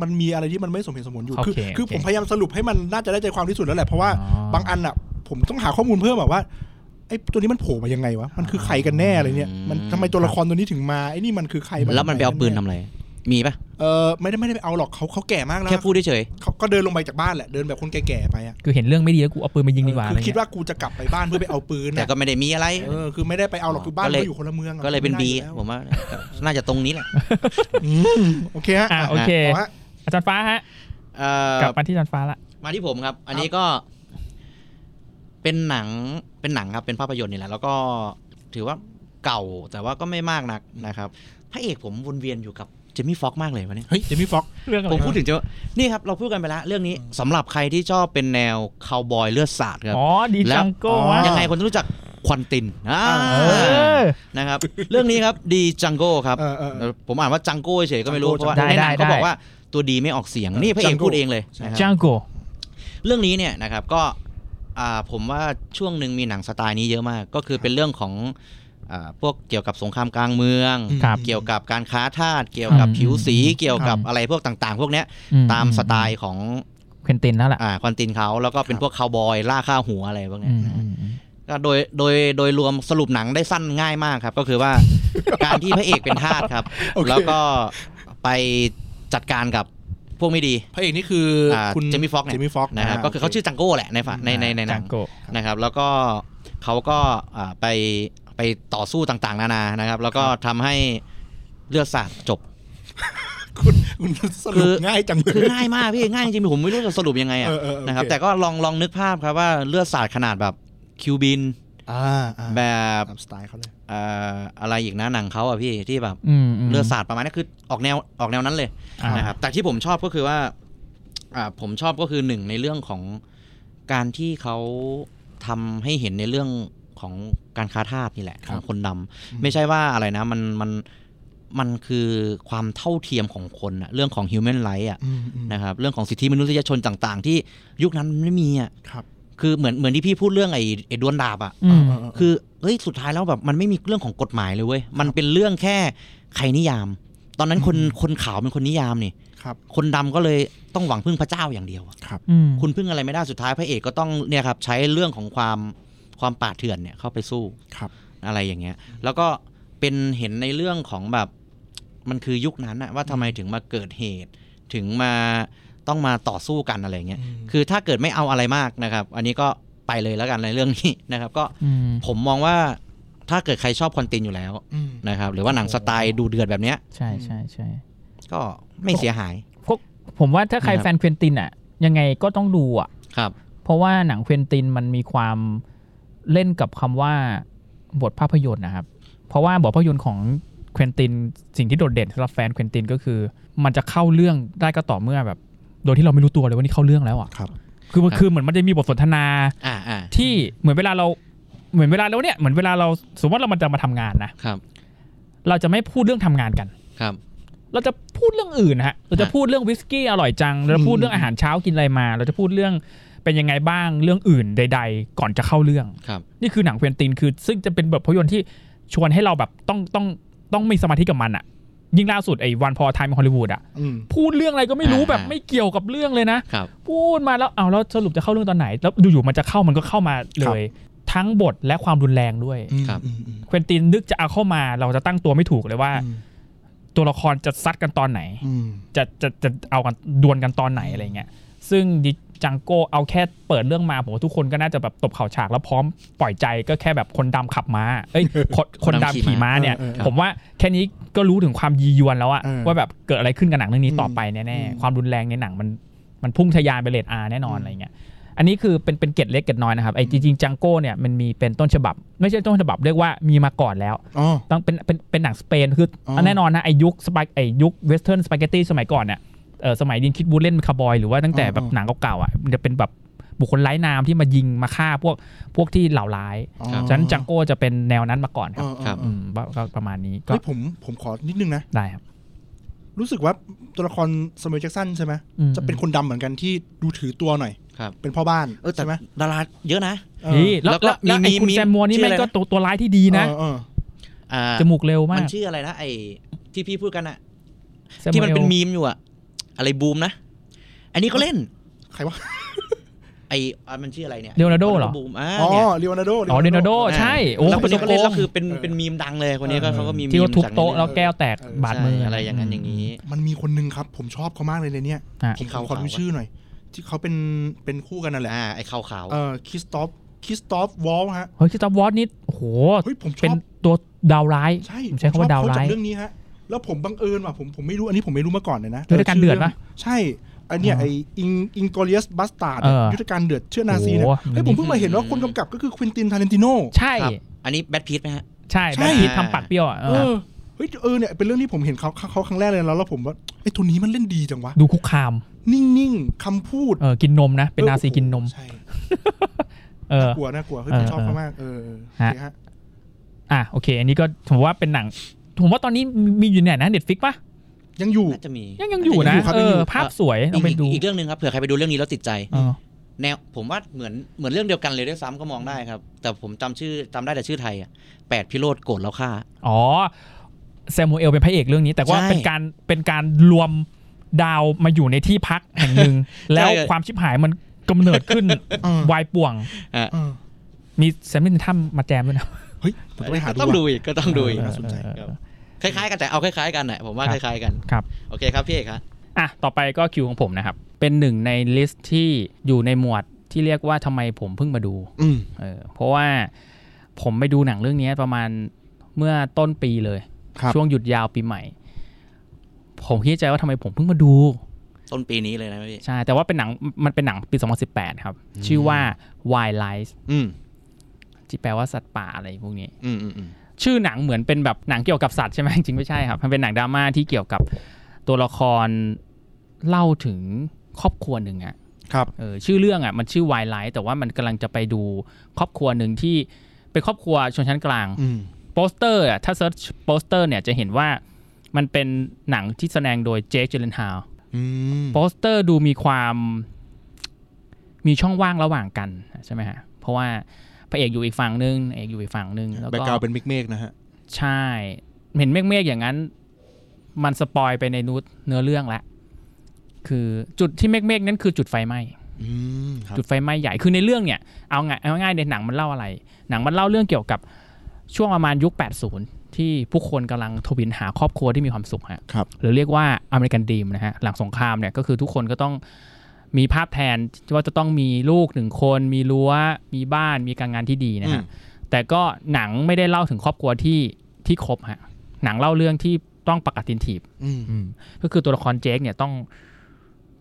Speaker 3: มันมีอะไรที่มันไม่สมเหตุสมผลอยู่
Speaker 2: โอเค
Speaker 3: คือ
Speaker 2: โอเค
Speaker 3: คือผมพยายามสรุปให้มันน่าจะได้ใจความที่สุดแล้วแหละ เพราะว่า
Speaker 2: อ๋อ
Speaker 3: บางอันอ่ะ ผมต้องหาข้อมูลเพิ่มอะว่าไอ้ตัวนี้มันโผล่มายังไงวะมันคือใครกันแน่อะไรเนี่ย มันทำไมตัวละครตัวนี้ถึงมาไอ้นี่มันคือใครจก
Speaker 4: แล้วมันไปเอาปืนทำอะไร มีปะ
Speaker 3: เออไม่ได้ไม่ได้ไปเอาหรอกเขาเขาแก่มากแล้ว
Speaker 4: แค่พูดเฉย
Speaker 3: เขาก็เดินลงไปจากบ้านแหละเดินแบบคนแก่ๆไปอะ
Speaker 2: คือเห็นเรื่องไม่ดีแล้วกูเอาปืนมายิงดีกว่า
Speaker 3: เออ
Speaker 2: อะไร
Speaker 3: คือคิด
Speaker 2: เงี้ย
Speaker 3: ว่ากูจะกลับไปบ้านเพื่อไปเอาปืน
Speaker 4: ๆแต่
Speaker 3: นะ
Speaker 4: ก็ไม่ได้มีอะไร
Speaker 3: เออคือไม่ได้ไปเอาหรอกคือบ้าน
Speaker 4: ก็เลย
Speaker 3: เขาอยู่คนละเมืองอะ
Speaker 4: ก็เลยเป็น
Speaker 3: ไม่
Speaker 4: ดี
Speaker 3: ได้อยู่แล้ว
Speaker 4: ผมว่าก็น่าจะตรงนี้แหละ
Speaker 3: อืมโอเคฮะ
Speaker 2: อ่ะโอเค
Speaker 3: ต่อฮะ
Speaker 2: อาจารย์ฟ้าฮะ
Speaker 4: เอ่อก
Speaker 2: ลับมาที่อาจารย์ฟ้าละ
Speaker 4: มาที่ผมครับ อันนี้ก็ เป็นหนังเป็นหนังครับเป็นภาพยนตร์นี่แหละ แล้วก็ถือว่าเก่าแต่ว่าก็ไม่มากนักนะครับพระเอกผมวนเวียนอยู่กับ เจมี่ฟ็อกมากเลยวะเนี่ย
Speaker 3: เฮ้ยเจมี่ฟ็อก
Speaker 2: เรื่องอะไร
Speaker 4: ผมพูดถึงเจมี่นี่ครับเราพูดกันไปแล้วเรื่องนี้สำหรับใครที่ชอบเป็นแนวคาวบอยเลือดสาดครับ
Speaker 2: อ๋อดีจังโก้วะ
Speaker 4: ยังไงคนจะรู้จักควันตินอ่า
Speaker 2: เออ
Speaker 4: นะครับ เรื่องนี้ครับดีจังโก้ครับ
Speaker 3: เออเออเออ
Speaker 4: ผมอ่านว่าจังโก้เฉยๆก็ไม่รู้
Speaker 3: Django
Speaker 4: เพราะว่า
Speaker 2: ได้
Speaker 4: ในหนัง
Speaker 2: ได้
Speaker 4: เขาบอก
Speaker 2: ได้
Speaker 4: ว่าตัวดีไม่ออกเสียง นี่พระเอก
Speaker 3: Django
Speaker 4: พูดเองเลยนะครับ
Speaker 2: จังโก้
Speaker 4: เรื่องนี้เนี่ยนะครับก็อ่าผมว่าช่วงหนึ่งมีหนังสไตล์นี้เยอะมาก ก็คือเป็นเรื่องของอ่าพวกเกี่ยวกับสงครามกลางเมือง
Speaker 3: อืม
Speaker 2: ครับ
Speaker 4: เกี่ยวกับการค้าทาสเกี่ยวกับผิวสีเกี่ยวกับอะไรพวกต่างๆ พวกเนี้ย
Speaker 2: อื
Speaker 4: ตามสไตล์ของ
Speaker 2: เควินตินแล้วล่ะ
Speaker 4: อ่าควันตินเขาแล้วก็เป็นพวกคาวบอยล่าฆ่าหัวอะไรพวกเนี้
Speaker 2: อื
Speaker 4: ย
Speaker 2: ม
Speaker 4: นะ
Speaker 2: อืมอืม
Speaker 4: ก็โดยโดยโดยรวมสรุปหนังได้สั้นง่ายมากครับ ก็คือว่า การที่พระเอกเป็นทาสครับ
Speaker 3: โอเค
Speaker 4: แล้วก็ไปจัดการกับพวกไม่ดี
Speaker 3: พระเอกนี่คืออาคุณ
Speaker 4: เจมี่ฟ็อกเนี่ย
Speaker 3: เจมี่ฟ็อก
Speaker 4: นะครับก็คือเขาชื่อจังโก้แหละในฝในในในหนั
Speaker 2: จั
Speaker 4: ง
Speaker 2: งโก้
Speaker 4: นะครับ แล้วก็เขาก็อ่าไปไปต่อสู้ต่างๆ นานานะครับ แล้วก็ทำให้เลือดสาด จบ
Speaker 3: คุณคุณส
Speaker 4: คื
Speaker 3: รุป
Speaker 4: อ
Speaker 3: ง่ายจังเล
Speaker 4: คือย ง่ายมากพี่ง่ายจริงๆผมไม่รู้จะสรุปยังไงอะ
Speaker 3: เออเออเออ
Speaker 4: นะครับ
Speaker 3: โอเค
Speaker 4: แต่ก็ลองลองนึกภาพครับว่าเลือดสาดขนาดแบบคิวบิน
Speaker 3: อ่าอ่า
Speaker 4: แบบ
Speaker 3: ตามสไตล์เขาเลย
Speaker 4: เอ่ออะไรอีกนะหนังเขาอะพี่ที่แบบ
Speaker 2: อืมม
Speaker 4: เลือดสาดประมาณนี้คือออกแนวออกแนวนั้นเลย
Speaker 2: อ่า
Speaker 4: นะครับแต่ที่ผมชอบก็คือว่าอ่า ผมชอบก็คือหนึ่งในเรื่องของการที่เขาทำให้เห็นในเรื่องของการค้าทาสนี่แหละของคนดำ
Speaker 3: อืม
Speaker 4: ไม่ใช่ว่าอะไรนะ มันมันมันคือความเท่าเทียมของคนอะเรื่องของ human right อะ
Speaker 3: อืมอืม
Speaker 4: นะครับเรื่องของสิทธิมนุษยชนต่าง ๆ ที่ยุคนั้นมันไม่มีอะ
Speaker 3: ครับ
Speaker 4: คือเหมือนเหมือนที่พี่พูดเรื่องไอ้ไอ้ดวนดาบอะ
Speaker 2: อืม
Speaker 3: เออเออเออ
Speaker 4: คือเฮ้ยสุดท้ายแล้วแบบมันไม่มีเรื่องของกฎหมายเลยเว้ย มันเป็นเรื่องแค่ใครนิยาม ตอนนั้นคนคนขาวเป็นคนนิยามนี่
Speaker 3: ครับ
Speaker 4: คนดำก็เลยต้องหวังพึ่งพระเจ้าอย่างเดียวอะ
Speaker 2: อืม
Speaker 4: คุณพึ่งอะไรไม่ได้สุดท้ายพระเอกก็ต้องเนี่ยครับใช้เรื่องของความความป่าเถื่อนเนี่ยเข้าไปสู้
Speaker 3: ครับ
Speaker 4: อะไรอย่างเงี้ย แล้วก็เป็นเห็นในเรื่องของแบบมันคือยุคนั้นอะว่าทำไมถึงมาเกิดเหตุ ถึงมาต้องมาต่อสู้กันอะไรอย่างเงี้ย คือถ้าเกิดไม่เอาอะไรมากนะครับ อันนี้ก็ไปเลยแล้วกันในเรื่องนี้นะครับก็
Speaker 2: อืม
Speaker 4: ผมมองว่าถ้าเกิดใครชอบคอนตินอยู่แล้ว
Speaker 3: ม
Speaker 4: นะครับ หรือว่าหนังสไตล์ดูเดือดแบบเนี้ย
Speaker 2: ใช่ใช่ใช่
Speaker 4: ก็ไม่เสียหาย
Speaker 2: ผมว่าถ้าใคร
Speaker 4: นะครับ
Speaker 2: แฟนเควินตินอ่ะ ยังไงก็ต้องดูอ่ะ
Speaker 4: ครับ
Speaker 2: เพราะว่าหนังเควินตินมันมีความเล่นกับคำว่าบทภาพยนตร์นะครับ เพราะว่าบทภาพยนตร์ของเควินตินสิ่งที่โดดเด่นสำหรับแฟนเควินตินก็คือ มันจะเข้าเรื่องได้ก็ต่อเมื่อแบบ โดยที่เราไม่รู้ตัวเลยว่านี่เข้าเรื่องแล้วอ่ะ
Speaker 3: ครับ
Speaker 2: คือมัน
Speaker 4: ครับ
Speaker 2: คือเหมือนมันจะมีบทสนทนา
Speaker 4: อ่าอ่า
Speaker 2: ที่เหมือนเวลาเราเหมือนเวลาเราเนี่ยเหมือนเวลาเราสมมติว่าเรามันจะมาทำงานนะครับ เราจะไม่พูดเรื่องทำงานกัน
Speaker 4: ครับ
Speaker 2: เราจะพูดเรื่องอื่นนะฮะเราจะพูดเรื่องวิสกี้อร่อยจังเราจะพูดเรื่องอาหารเช้ากินอะไรมา เราจะพูดเรื่องเป็นยังไงบ้างเรื่องอื่นใด ๆ ก่อนจะเข้าเรื่อง
Speaker 4: ครับ
Speaker 2: นี่คือหนังเควินตินคือ ซึ่งจะเป็นแบบภาพยนตร์ที่ชวนให้เราแบบต้องต้องต้องมีสมาธิกับมันอะยิ่งล่าสุดไอ้วันพอไทม์ฮอลลีวูดอะ
Speaker 3: อืม
Speaker 2: พูดเรื่องอะไรก็ไม่รู้
Speaker 4: อ่า
Speaker 2: แบบ
Speaker 4: ฮะ
Speaker 2: ไม่เกี่ยวกับเรื่องเลยนะ
Speaker 4: ครับ
Speaker 2: พูดมาแล้วเอาแล้วสรุปจะเข้าเรื่องตอนไหน แล้วอยู่ๆมันจะเข้ามันก็เข้ามาเลย ทั้งบทและความรุนแรงด้วย
Speaker 3: อืมอืมอืม
Speaker 2: เควินตินนึกจะเอาเข้ามาเราจะตั้งตัวไม่ถูกเลยว่า ตัวละครจะซัดกันตอนไหน
Speaker 3: อืม
Speaker 2: จะจะจะเอากันดวลกันตอนไหนอะไรเงี้ยซึ่งดิจังโก้เอาแค่เปิดเรื่องมาผมว่าทุกคนก็น่าจะแบบตบเข่าฉากแล้วพร้อมปล่อยใจก็แค่แบบคนดำขับม้าเอ้ย คนคนดำขี่ม้าเนี่ย
Speaker 3: เออเออ
Speaker 2: ผมว่าแค่นี้ก็รู้ถึงความยียวนแล้วอะ
Speaker 3: เออ
Speaker 2: ว่าแบบเกิดอะไรขึ้นกับหนังเรื่องนี้ต่อไปแน่
Speaker 3: อืม
Speaker 2: ๆความรุนแรงในหนังมันมันพุ่งทะยานไปเลดอาแน่นอนอะไรเงี้ย อันนี้คือเป็นเป็นเกร็ดเล็กเกร็ดน้อยนะครับไอ้จริงๆจังโก้เนี่ยมันมีเป็นต้นฉบับ ไม่ใช่ต้นฉบับเรียกว่ามีมาก่อนแล้ว
Speaker 3: อ๋อ
Speaker 2: ต้องเป็นเป็นเป็นหนังสเปนคืออ
Speaker 3: อ
Speaker 2: แน่นอนนะไอยุคสปายไอยุคเวสเทิร์นสปาเกตตี้สมัยก่อนเนี่ยเออสมัยดินคิดวูดเล่นเป็นคาร์บอยหรือว่าตั้งแต่แบบหนังเก่าๆอ่ะมันจะเป็นแบบบุคคลไร้นามที่มายิงมาฆ่าพวกพวกที่เหล่าร้าย
Speaker 3: อ๋อ
Speaker 2: ฉะนั้นจังโก้จะเป็นแนวนั้นมาก่อนคร
Speaker 3: เอ
Speaker 2: ับ
Speaker 3: อเออเออ
Speaker 4: ครับ
Speaker 2: มก็ก็ประมาณนี้ก็
Speaker 3: เฮ้ยผมผมขอนิดนึงนะ
Speaker 2: ได้ครับ
Speaker 3: รู้สึกว่าตัวละครสมัยแจ็คสันใช่ไหม
Speaker 2: อืม
Speaker 3: จะเป็นคนดำเหมือนกันที่ดูถือตัวหน่อย
Speaker 4: ครับ
Speaker 3: เป็นพ่อบ้าน
Speaker 4: เออแต่
Speaker 3: ใช่ไหม
Speaker 4: ดาราเยอะนะ
Speaker 3: เออ
Speaker 2: นี่แล้ว
Speaker 4: แล้วก็
Speaker 2: แล้วแล้วไอ
Speaker 4: มี
Speaker 2: คุณ
Speaker 4: มี
Speaker 2: แซมมัวนี่
Speaker 4: ชื่อ
Speaker 2: แม่ง
Speaker 4: อะไร
Speaker 2: ก็
Speaker 4: นะ
Speaker 2: ตัวตัวร้ายที่ดีนะ
Speaker 3: เออเออ
Speaker 4: อ่า
Speaker 2: จมูกเร็วมา
Speaker 4: มั
Speaker 2: ก
Speaker 4: นชื่ออะไรนะไอ้ที่พี่พูดกันอะ
Speaker 2: แซล
Speaker 4: ที่มันเป็นมีมอยู่อะอะไรบูมนะ อันนี้ก็เล่น
Speaker 3: ใครวะ
Speaker 4: ไอ้อ่ะมันชื่ออะไรเนี่ย
Speaker 2: เลโอนาร์โดเหรอ
Speaker 4: บูมอ่า
Speaker 3: อ๋อเล
Speaker 4: เนี่ย
Speaker 3: โอนาร์โด
Speaker 2: อ๋อเลโอนาร์โดใช่โอ้
Speaker 4: แล้วคน
Speaker 2: เป็นตั
Speaker 4: นี้
Speaker 2: วโกง
Speaker 4: ก็เล่นแล้วคือเป็น
Speaker 3: เออ
Speaker 4: เป็นมีมดังเลยคนนี้ก็
Speaker 3: เออ
Speaker 4: เขาก็มีมี
Speaker 2: ที่
Speaker 4: ม
Speaker 2: ว่าทุบ
Speaker 4: จากใน
Speaker 2: โต๊ะ
Speaker 4: เรื่อง
Speaker 2: แล้วแก้วแตก
Speaker 3: เออ
Speaker 2: บาดมือ
Speaker 4: ใช่
Speaker 2: อะ
Speaker 4: อะไรอย่างนั้นอย่างนี้
Speaker 3: มันมีคนหนึงครับ ผมชอบเขามากเลยในเนี้ย
Speaker 2: อ่ะ
Speaker 3: ผม
Speaker 4: เขา
Speaker 3: ขอดู
Speaker 4: เขา
Speaker 3: ชื่อหน่อย ที่เขาเป็นเป็นคู่กันนั่นแหละ
Speaker 4: อ่าไอ้ขาวขาวๆ
Speaker 3: เออคิสตอฟคิสตอฟวอลฮะ
Speaker 2: เฮ้ยคิตาวอตนี่โอ้โห
Speaker 3: เฮ้ยผมช
Speaker 2: เป็น
Speaker 3: อบ
Speaker 2: ตัวดาวร้าย
Speaker 3: ใช่
Speaker 2: ผมใช้คำว่า
Speaker 3: ผ
Speaker 2: ดาว
Speaker 3: มชอบเข
Speaker 2: ร้าย
Speaker 3: จากเรื่องนี้ฮะแล้วผมบังเอิญว่ะผมผมไม่รู้อันนี้ผมไม่รู้มาก่อนเลยนะ
Speaker 2: ยุทธการเดือดปะ
Speaker 3: ใช่ไอันเนี้ย
Speaker 2: อ๋อ
Speaker 3: ไออิงอิงโกเลียสบัสตาร์ด
Speaker 2: เออ
Speaker 3: ยุทธการเดือดเชื่อนาซีเนี่ย
Speaker 2: โอ้โห
Speaker 3: เฮ้ยผมเพิ่งมาเห็นว่าคนกำกับก็คือควินตินทาเรนติโน
Speaker 2: ใช่
Speaker 4: ครับ อันนี้แบทพีทไหมฮะ
Speaker 2: ใช่
Speaker 3: ใช่
Speaker 2: แบทพีททำปากเปรี้ยวอะเอ
Speaker 3: เอ
Speaker 2: อ
Speaker 3: อ เฮ้ยเออเนี่ยเป็นเรื่องที่ผมเห็นเขาเขาเขาครั้งแรกเลยนะแล้วแล้วผมว่าไอ้ยตัวนี้มันเล่นดีจังวะ
Speaker 7: ดูคุกคาม
Speaker 3: นิ่งๆคำพูด
Speaker 7: เออกินนมนะ เป็นนาซีกินนม
Speaker 3: ใช่
Speaker 7: เออ
Speaker 3: กลัวน่ากลัวเฮ้ยผมชอบเขามากเออเออโอเคฮะ
Speaker 7: อ่ะโอเค อันนี้ก็ผมว่าเป็นหนังผมว่าตอนนี้มีอยู่ไหนนะเด็ดฟิกปะ
Speaker 3: ยังอยู่
Speaker 4: น่าจะมี
Speaker 7: ยังยังอยู่นะ
Speaker 3: ยังอยู่ครับ
Speaker 7: เอ
Speaker 3: ยังอยู่
Speaker 7: อภาพสวยลองไป
Speaker 4: อีก
Speaker 7: ดู
Speaker 4: อีกเรื่องหนึ่งครับเผื่อใครไปดูเรื่องนี้แล้วติดใจ
Speaker 7: เออ
Speaker 4: แนวผมว่าเหมือนเหมือนเรื่องเดียวกันเลยด้วยซ้ำก็มองได้ครับ แต่ผมจำชื่อจำได้แต่ชื่อไทยอ่ะแปดพิโรธโกรธแล้วฆ่า
Speaker 7: อ๋อแซมูเอลเป็นพระเอกเรื่องนี้ แต่ว่า
Speaker 4: ใช่
Speaker 7: เป็นการเป็นการรวมดาวมาอยู่ในที่พักแห่งหนึ่ง แล้วความชิบหายมันกำเนิดขึ้น
Speaker 3: อืม
Speaker 7: วายป่วง
Speaker 3: เออ
Speaker 7: มีแซมมินทัมมาแจมด้วยนะ
Speaker 3: เฮ้ยผมต้องไปหาดู
Speaker 4: ต้องดู
Speaker 3: ว่ะ
Speaker 4: อีกก็ต้องดูอีก
Speaker 3: น่าสนใจ
Speaker 4: ครับคล้ายๆกันแต่เอาคล้ายๆกันแหละผมว่า
Speaker 7: ค
Speaker 4: ครับ ล้ายๆกัน
Speaker 7: ครับ
Speaker 4: โอเคครับพี่เอกครับ
Speaker 2: อ่ะ ต่อไปก็คิวของผมนะครับ เป็นหนึ่งในลิสต์ที่อยู่ในหมวดที่เรียกว่าทำไมผมเพิ่งมาดู
Speaker 3: อืม
Speaker 2: เออเพราะว่าผมไปดูหนังเรื่องนี้ประมาณเมื่อต้นปีเลย
Speaker 3: ครับ
Speaker 2: ช่วงหยุดยาวปีใหม่ ผมคิดในใจว่าทำไมผมเพิ่งมาดู
Speaker 4: ต้นปีนี้เลยนะพี่
Speaker 2: ใช่ แต่ว่าเป็นหนังมันเป็นหนังปี 2018 ครับ ชื่อว่า Wild Life
Speaker 4: อืม
Speaker 2: ที่แปลว่าสัตว์ป่าอะไรพวกนี้
Speaker 4: อืมอืมอืม
Speaker 2: ชื่อหนังเหมือนเป็นแบบหนังเกี่ยวกับสัตว์ใช่ไหม จริงไม่ใช่ครับ มันเป็นหนังดราม่าที่เกี่ยวกับตัวละครเล่าถึงครอบครัวหนึ่งอะ
Speaker 3: ครับ
Speaker 2: เออชื่อเรื่องอะมันชื่อ Wild Life แต่ว่ามันกำลังจะไปดูครอบครัวหนึ่งที่เป็นครอบครัวชนชั้นกลาง
Speaker 3: อืม
Speaker 2: โปสเตอร์อะถ้าเซิร์ชโปสเตอร์เนี่ยจะเห็นว่ามันเป็นหนังที่แสดงโดยเจคเจเลนฮาว
Speaker 3: อืม
Speaker 2: โปสเตอร์ดูมีความมีช่องว่างระหว่างกันใช่ไหมฮะ เพราะว่าพระเอกอยู่อีกฝั่งหนึงนางเอกอยู่อีกฝั่งหนึงแล้ว
Speaker 3: แบ็ก
Speaker 2: ก็
Speaker 3: กราวด์เป็นเมฆๆนะฮะ
Speaker 2: ใช่ เห็นเมฆๆอย่างนั้น มันสปอยไปในนูดเนื้อเรื่องละคือจุดที่เมฆๆนั้นคือจุดไฟไหม้
Speaker 3: อืมครับ
Speaker 2: จุดไฟไหม้ใหญ่ คือในเรื่องเนี่ย เอาง่ายเอาง่ายในหนังมันเล่าอะไร หนังมันเล่าเรื่องเกี่ยวกับช่วงประมาณยุค 80 ที่ผู้คนกำลังทวินหาครอบครัวที่มีความสุขฮะ
Speaker 3: ครับ
Speaker 2: หรือเรียกว่าอเมริกันดีมนะฮะ หลังสงครามเนี่ยก็คือทุกคนก็ต้องมีภาพแทนที่ว่าจะต้องมีลูกหนึ่งคน มีรั้ว มีบ้าน มีการงานที่ดีนะฮะ แต่ก็หนังไม่ได้เล่าถึงครอบครัวที่ที่ครบฮะ หนังเล่าเรื่องที่ต้องปกตินถีบ
Speaker 3: อืม
Speaker 2: ก็คือตัวละครเจคเนี่ยต้อง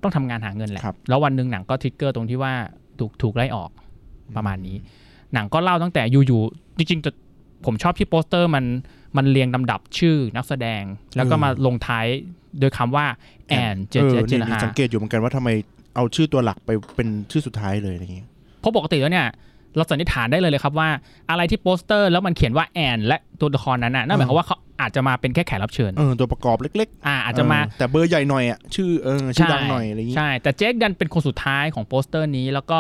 Speaker 2: ต้องทำงานหาเงินแหละ
Speaker 3: ครับ
Speaker 2: แล้ววันหนึ่งหนังก็ทริกเกอร์ตรงที่ว่าถูกถูกไล่ออกประมาณนี้ หนังก็เล่าตั้งแต่อยู่ๆจริงๆจะผมชอบที่โปสเตอร์มันมันเรียงลำดับชื่อนักแสดง แล้วก็มาลงท้ายโดยคำว่าแอนเจ
Speaker 3: เอ
Speaker 2: เจ
Speaker 3: อ
Speaker 2: เจน
Speaker 3: นี่
Speaker 2: ฮา
Speaker 3: สังเกตอยู่เหมือนกันว่าทำไมเอาชื่อตัวหลักไปเป็นชื่อสุดท้ายเลยอะไรอย่างเงี้ย
Speaker 2: เพราะปกติแล้วเนี่ย เราสันนิษฐานได้เลยเลยครับว่าอะไรที่โปสเตอร์แล้วมันเขียนว่าแอนและตัวละครนั้นน่ะนั่นหมายความว่าเขาอาจจะมาเป็นแค่แขกรับเชิญ
Speaker 3: เออตัวประกอบเล็ก
Speaker 2: อ่า
Speaker 3: ๆ
Speaker 2: อาจจะมา
Speaker 3: เออแต่เบอร์ใหญ่หน่อยอ่ะชื่อเออชื่อดังหน่อยอะไรอย่างงี้
Speaker 2: ใช่ แต่เจคดันเป็นคนสุดท้ายของโปสเตอร์นี้ แล้วก็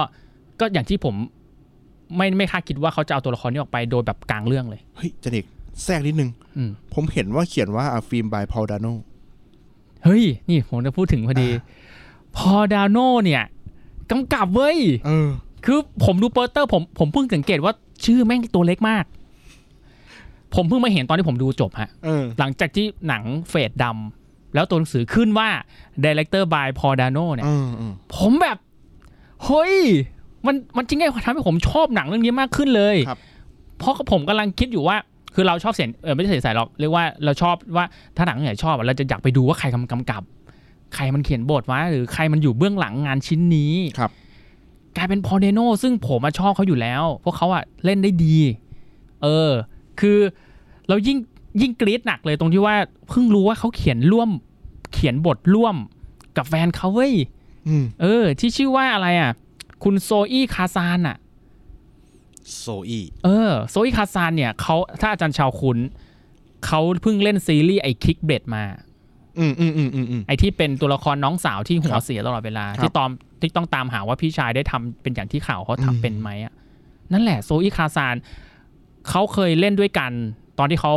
Speaker 2: ก็อย่างที่ผมไม่ไม่คาดคิดว่าเขาจะเอาตัวละครนี้ออกไปโดยแบบกลางเรื่องเลย
Speaker 3: เฮ้ยเจันเอกแทรกนิดนึง
Speaker 2: อืม
Speaker 3: ผมเห็นว่าเขียนว่าอาฟิล์มบายพอลดาน
Speaker 2: เฮ้ย นี่ผมจะพูดถึงพอดี พอดาโน่เนี่ยกำกับเว้ย
Speaker 3: เออ
Speaker 2: คือผมดูโปสเตอร์ผมผมเพิ่งสังเกตว่าชื่อแม่งตัวเล็กมาก ผมเพิ่งมาเห็นตอนที่ผมดูจบฮะ
Speaker 3: เออ
Speaker 2: หลังจากที่หนังเฟดดำแล้วตัวหนังสือขึ้นว่า Director by Paul Dano เนี่ย
Speaker 3: เออเออ
Speaker 2: ผมแบบเฮ้ยมันมันจริงไงทำให้ผมชอบหนังเรื่องนี้มากขึ้นเลย
Speaker 3: ครับ
Speaker 2: เพราะผมกำลังคิดอยู่ว่า คือเราชอบเสียงเออไม่ใช่เสียงสายหรอกเรียกว่าเราชอบว่าถ้าหนังไหนชอบอะเราจะอยากไปดูว่าใครกำกำกับ ใครมันเขียนบทวะหรือใครมันอยู่เบื้องหลังงานชิ้นนี้
Speaker 3: ครับ
Speaker 2: กลายเป็นพอเดโนซึ่งผมอะชอบเขาอยู่แล้ว เพราะเขาอะเล่นได้ดี เออ คือเรายิ่งยิ่งกรี๊ดหนักเลยตรงที่ว่าเพิ่งรู้ว่าเขาเขียนร่วมเขียนบทร่วมกับแฟนเขาเว้ย
Speaker 3: อืม
Speaker 2: เออ ที่ชื่อว่าอะไรอ่ะ คุณโซอี้คาซานอ่ะ
Speaker 4: โซอี
Speaker 2: เออ โซอี้คาซานเนี่ยเขาถ้าอาจารย์ชาวคุณเขาเพิ่งเล่นซีรีส์ไอ้คิกเบดมา
Speaker 3: อืมอืมอืมอืมอืม
Speaker 2: ไอ้ที่เป็นตัวละครน้องสาวที่หั
Speaker 3: คว รับ
Speaker 2: เสียตลอดเวลา
Speaker 3: ครับ
Speaker 2: ที่ตอมที่ต้องตามหาว่าพี่ชายได้ทำเป็นอย่างที่ข่าวเขาทำ
Speaker 3: อืม
Speaker 2: เป็นไหมอ่ะนั่นแหละโซอี้คาซานเขาเคยเล่นด้วยกัน ตอนที่เขา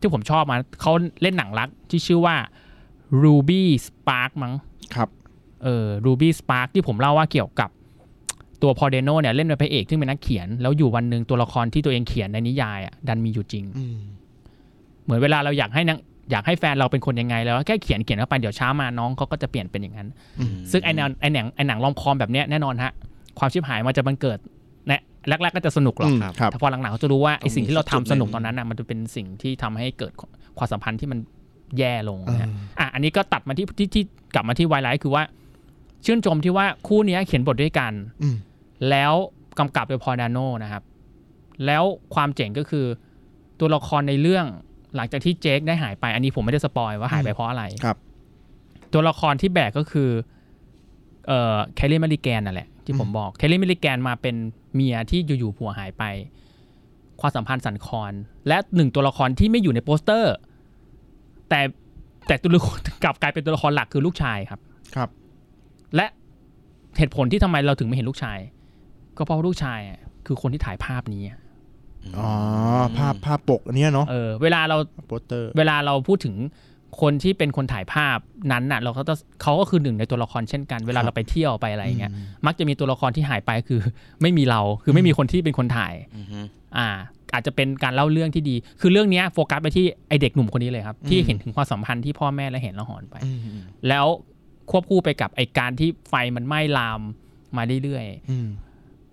Speaker 2: ที่ผมชอบมาเขาเล่นหนังรักที่ชื่อว่า Ruby Spark มั้ง
Speaker 3: ครับ
Speaker 2: เออรูบี้สปาร์กที่ผมเล่าว่าเกี่ยวกับตัวพอเดโนเนี่ยเล่นเป็นพระเอกซึ่งเป็นนักเขียน แล้วอยู่วันหนึ่งตัวละครที่ตัวเองเขียนในนิยายอ่ะดันมีอยู่จริง
Speaker 3: อืม
Speaker 2: เหมือนเวลาเราอยากให้นังอยากให้แฟนเราเป็นคนยังไงแล้วแค่เขียนเขียนเข้าไปเดี๋ยวช้ามาน้องเขาก็จะเปลี่ยนเป็นอย่างนั้น ซึ่งไอแนวไอหนังไอหนังลอมคอมแบบเนี้ยแน่นอนฮะความชิบหายมันจะบังเกิดนะแรกๆก็จะสนุกหรอก
Speaker 3: อืมครับ
Speaker 2: แต่พอหลังๆเขาจะรู้ว่าไอสิ่งที่เราทำสนุกตอนนั้นน่ะมันจะเป็นสิ่งที่ทำให้เกิดความสัมพันธ์ที่มันแย่ลงนะฮะ อ่ะอันนี้ก็ตัดมาที่ที่ที่กลับมาที่ไวไลท์คือว่าชื่นชมที่ว่าคู่เนี้ยเขียนบทด้วยกัน
Speaker 3: อืม
Speaker 2: แล้วกำกับโดยพอลดาโนนะครับ แล้วความเจ๋งก็คือตัวละครในเรื่อง หลังจากที่เจคได้หายไป อันนี้ผมไม่ได้สปอยว่าหายไปเพราะอะไร
Speaker 3: ครับ
Speaker 2: ตัวละครที่แบกก็คือ เอ่อแคลรี่มาริแกนนั่นแหละที่ผมบอกแคลรี่มาริแกนมาเป็นเมียที่อยู่ๆผัวหายไป ความสัมพันธ์สันคอนและหนึ่งตัวละครที่ไม่อยู่ในโปสเตอร์ แต่แต่ตัวละคร กลับกลายเป็นตัวละครหลักคือลูกชายครับ
Speaker 3: ครับ
Speaker 2: และเหตุผลที่ทำไมเราถึงไม่เห็นลูกชาย ก็เพราะว่าลูกชายอะคือคนที่ถ่ายภาพนี้อะ
Speaker 3: อ๋อภาพภาพปกอันเนี้ยเนาะ
Speaker 2: เออเวลาเรา
Speaker 3: โปสเตอร์
Speaker 2: เวลาเราพูดถึงคนที่เป็นคนถ่ายภาพนั้นน่ะ เราก็จะเขาก็คือหนึ่งในตัวละครเช่นกัน เวลาเราไปเที่ยวไปอะไรอย่างเงี้ยมักจะมีตัวละครที่หายไปคือ ไม่มีเราคือไม่มีคนที่เป็นคนถ่าย
Speaker 4: อือฮึ
Speaker 2: อ่า อาจจะเป็นการเล่าเรื่องที่ดี คือเรื่องเนี้ยโฟกัสไปที่ไอเด็กหนุ่มคนนี้เลยครับ ที่เห็นถึงความสัมพันธ์ที่พ่อแม่และเห็นและหอนไป แล้วควบคู่ไปกับไอการที่ไฟมันไหม้ลามมาเรื่อย
Speaker 3: อืม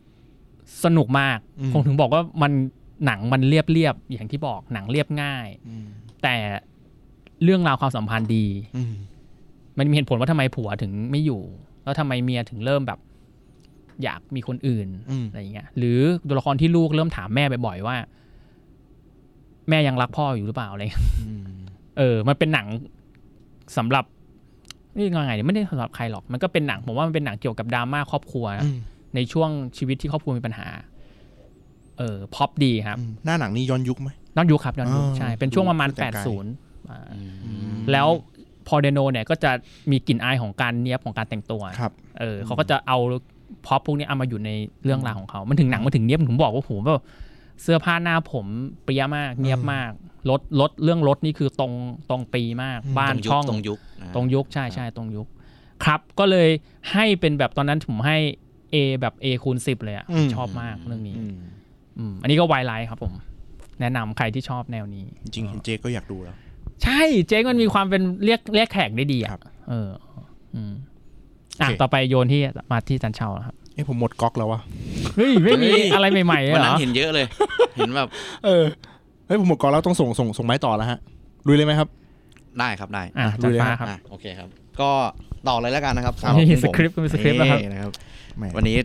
Speaker 2: ๆสนุกมาก
Speaker 3: อืม
Speaker 2: ผมถึงบอกว่ามันหนังมันเรียบๆอย่างที่บอกหนังเรียบง่าย
Speaker 3: อืม
Speaker 2: แต่เรื่องราวความสัมพันธ์ดี
Speaker 3: อืม
Speaker 2: มันมีเหตุผลว่าทำไมผัวถึงไม่อยู่ แล้วทำไมเมียถึงเริ่มแบบ อยากมีคนอื่น
Speaker 3: อืม
Speaker 2: อะไรอย่างเงี้ย หรือตัวละครที่ลูกเริ่มถามแม่บ่อยๆว่า แม่ยังรักพ่ออยู่หรือเปล่าอะไรเงี้ยเออ มันเป็นหนังสำหรับ นี่ยังไงเนี่ยไม่ได้สำหรับใครหรอก มันก็เป็นหนังผมว่ามันเป็นหนังเกี่ยวกับดราม่าครอบครัวนะในช่วงชีวิตที่ครอบครัวมีปัญหา เออพอปดีครับ
Speaker 3: อืมหน้าหนังนี้ย้อนยุคไหม
Speaker 2: ย้อนยุคครับย้อนยุค
Speaker 3: อ๋อ
Speaker 2: ใช่ เป็นช่วงประมาณ
Speaker 3: ตั้งแต่
Speaker 2: แปด
Speaker 3: ไกล
Speaker 2: ศูนย์อ่า
Speaker 4: อืม
Speaker 2: แล้วพอเดโนเนี่ยก็จะมีกลิ่นอายของการเนี้ยบของการแต่งตัว
Speaker 3: ครับ
Speaker 2: เออเขาก็จะเอาพร็อพพวกนี้เอามาอยู่ในเรื่องราวของเขา มันถึงหนังมันถึงเนี้ยบผมบอกว่าโหแบบเสื้อผ้าหน้าผมเปรี้ยมากเนี้ยบมากรถรถเรื่องรถนี่คือตรงตรงปีมาก บ้านช่อง
Speaker 4: ตรงยุค
Speaker 2: ตรงยุคใช่ใช่ตรงยุค ครับก็เลยให้เป็นแบบตอนนั้นผมให้ A แบบ A คูณ10 เลยอะ
Speaker 3: อืม
Speaker 2: ชอบมากเรื่องนี้
Speaker 3: อืม
Speaker 2: อืมอันนี้ก็ไวไลท์ครับผม แนะนำใครที่ชอบแนวนี้
Speaker 3: จริงๆเห็นเจก็อยากดูแล้ว
Speaker 2: ใช่เจ๊งมันมีความเป็นเรียกเรียกแขกได้ดี
Speaker 3: ครั
Speaker 2: อ่ะ
Speaker 3: บ
Speaker 2: เอออืมอ่ะ
Speaker 3: โอเค
Speaker 2: ต่อไปโยนที่มาที่จันเชาแล้วครับ
Speaker 3: เอ้ผมหมดก๊อกแล้ววะ
Speaker 2: เฮ้ยไม่มีอะไรใหม่ๆเลย
Speaker 4: วัน
Speaker 2: เหร
Speaker 4: นั้น
Speaker 2: อ
Speaker 4: เห็นเยอะเลย เห็นแบบ
Speaker 3: เออเฮ้ยผมหมดก๊อกแล้วต้องส่งส่งส่งไม้ต่อแล้วฮะลุยเลยไหมครับ
Speaker 4: ได้ครับได้
Speaker 2: อ่ะ
Speaker 3: อ่ะดู
Speaker 2: จัน
Speaker 3: เลย
Speaker 2: ฟ้า
Speaker 3: ฮะ
Speaker 2: ครับ
Speaker 4: อ่ะโอเคครับ ก็ต่อเลยแล้วกันนะครับ
Speaker 2: อ่ะมีสคริปต์มีสคริปต์แล้วครับ
Speaker 4: นี่นะครับ
Speaker 3: แหม
Speaker 4: วันนี้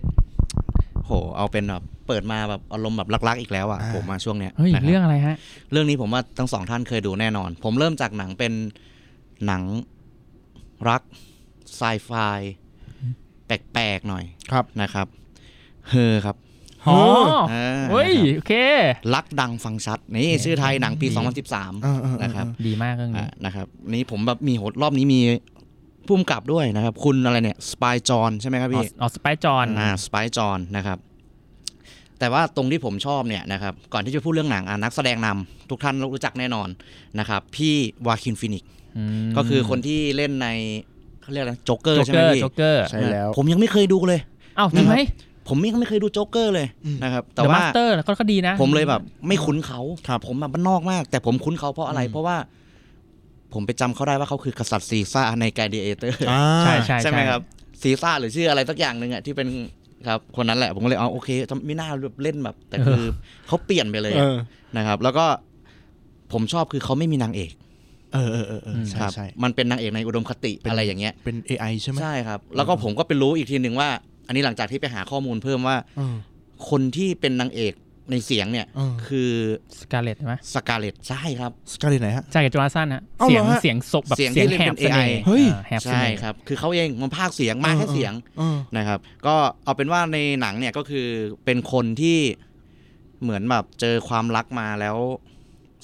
Speaker 4: โหเอาเป็นแบบเปิดมาแบบอารมณ์แบบลักๆ อีกแล้วอ่ะ
Speaker 3: อ่า
Speaker 4: ผมมาช่วงเนี้ย
Speaker 2: เฮ้ย
Speaker 4: นะคบ
Speaker 2: เรื่องอะไรฮะ
Speaker 4: เรื่องนี้ผมว่าทั้งสองท่านเคยดูแน่นอน ผมเริ่มจากหนังเป็นหนังรักไซไฟแปลกๆหน่อย
Speaker 3: ครับ
Speaker 4: นะครับเฮอครับ
Speaker 2: อ๋อ
Speaker 4: อ่า
Speaker 2: เฮ้ย
Speaker 4: นะครับ
Speaker 2: โอเค
Speaker 4: รักดังฟังชัดนี่ชื่อไทยหนังปี
Speaker 3: เออเออเออ
Speaker 4: 2013 นะครับ
Speaker 2: ดีมากเรื่องนี้
Speaker 4: อ่ะนะครับนี่ผมแบบมีโหดรอบนี้มีพุ่มกลับด้วยนะครับ คุณอะไรเนี่ยสปายจอนใช่ไหมครับ
Speaker 2: ออ
Speaker 4: พี่
Speaker 2: ออสไปจอน
Speaker 4: อ่าสปายจอนนะครับ แต่ว่าตรงที่ผมชอบเนี่ยนะครับ ก่อนที่จะพูดเรื่องหนังอ่ะนักแสดงนำทุกท่านรู้จักแน่นอนนะครับ พี่วาคินฟินิกซ์ก็คือคนที่เล่นในเขาเรียกอะไรโจ๊กเกอร์
Speaker 2: โจ๊ก
Speaker 4: ใช่
Speaker 2: เก
Speaker 4: ไหม
Speaker 2: อร์
Speaker 4: พี่
Speaker 2: โจ๊กเกอร์
Speaker 3: ใช่แล้ว
Speaker 4: ผมยังไม่เคยดูเลย
Speaker 2: อ้าวจริงไหม
Speaker 4: ผมยังไม่เคยดูโจ๊กเกอร์เลยนะครับ แต่
Speaker 2: เดอะ
Speaker 4: ว่า
Speaker 2: มาสเตอร์ก็ก็ดีนะ
Speaker 4: ผมเลยแบบไม่คุ้นเขา
Speaker 3: ครับ
Speaker 4: ผมมาบ้านนอกมาก แต่ผมคุ้นเขาเพราะอะไร เพราะว่า ผมไปจำเขาได้ว่าเขาคือกษัตริย์ซีซ่าในไกเดเตอร์
Speaker 3: อ่า
Speaker 2: ใช่ใช่
Speaker 4: ใช่ไหมครับซีซ่าหรือชื่ออะไรสักอย่างหนึ่งอะที่เป็นครับคนนั้นแหละ ผมก็เลยเอาโอเคทำไม่น่าเล่นแบบ แต่คือเขาเปลี่ยนไปเลย
Speaker 3: เออ
Speaker 4: อะนะครับ แล้วก็ผมชอบคือเขาไม่มีนางเอก
Speaker 3: เออเออเออเออใช่
Speaker 4: ครับ
Speaker 3: ใช่
Speaker 4: มันเป็นนางเอกในอุดมคติอะไรอย่างเงี้ย
Speaker 3: เป็น AI ใช่ไหม
Speaker 4: ใช่ครับ แล้วก็ผมก็ไปรู้อีกทีหนึ่งว่า อันนี้หลังจากที่ไปหาข้อมูลเพิ่มว่า
Speaker 3: เออ
Speaker 4: คนที่เป็นนางเอกในเสียงเนี่ย
Speaker 3: เออ
Speaker 4: คือ
Speaker 2: สกาเลตใช่ไหม
Speaker 4: สกาเลตใช่ครับ
Speaker 3: สกาเลตไหนฮะ
Speaker 2: ใช่กับจอร์สันฮะ
Speaker 3: เอา
Speaker 2: เสี
Speaker 3: เห
Speaker 2: ย
Speaker 3: รงอฮะ
Speaker 2: เสียงศพแบบ
Speaker 4: เสียง
Speaker 2: เสีย
Speaker 4: ที่
Speaker 2: ง
Speaker 4: เล่น
Speaker 2: แห
Speaker 4: เป็
Speaker 2: บ
Speaker 4: น
Speaker 2: เสน่
Speaker 4: AI
Speaker 2: ห์
Speaker 3: เฮ้ย
Speaker 2: ออแหบเส
Speaker 4: ใช่
Speaker 2: น่ห์
Speaker 4: ครับ คือเขาเองมันภาคเสียงมาแค่เสียง
Speaker 3: เออ
Speaker 4: นะครับ ก็เอาเป็นว่าในหนังเนี่ยก็คือเป็นคนที่เหมือนแบบเจอความรักมาแล้ว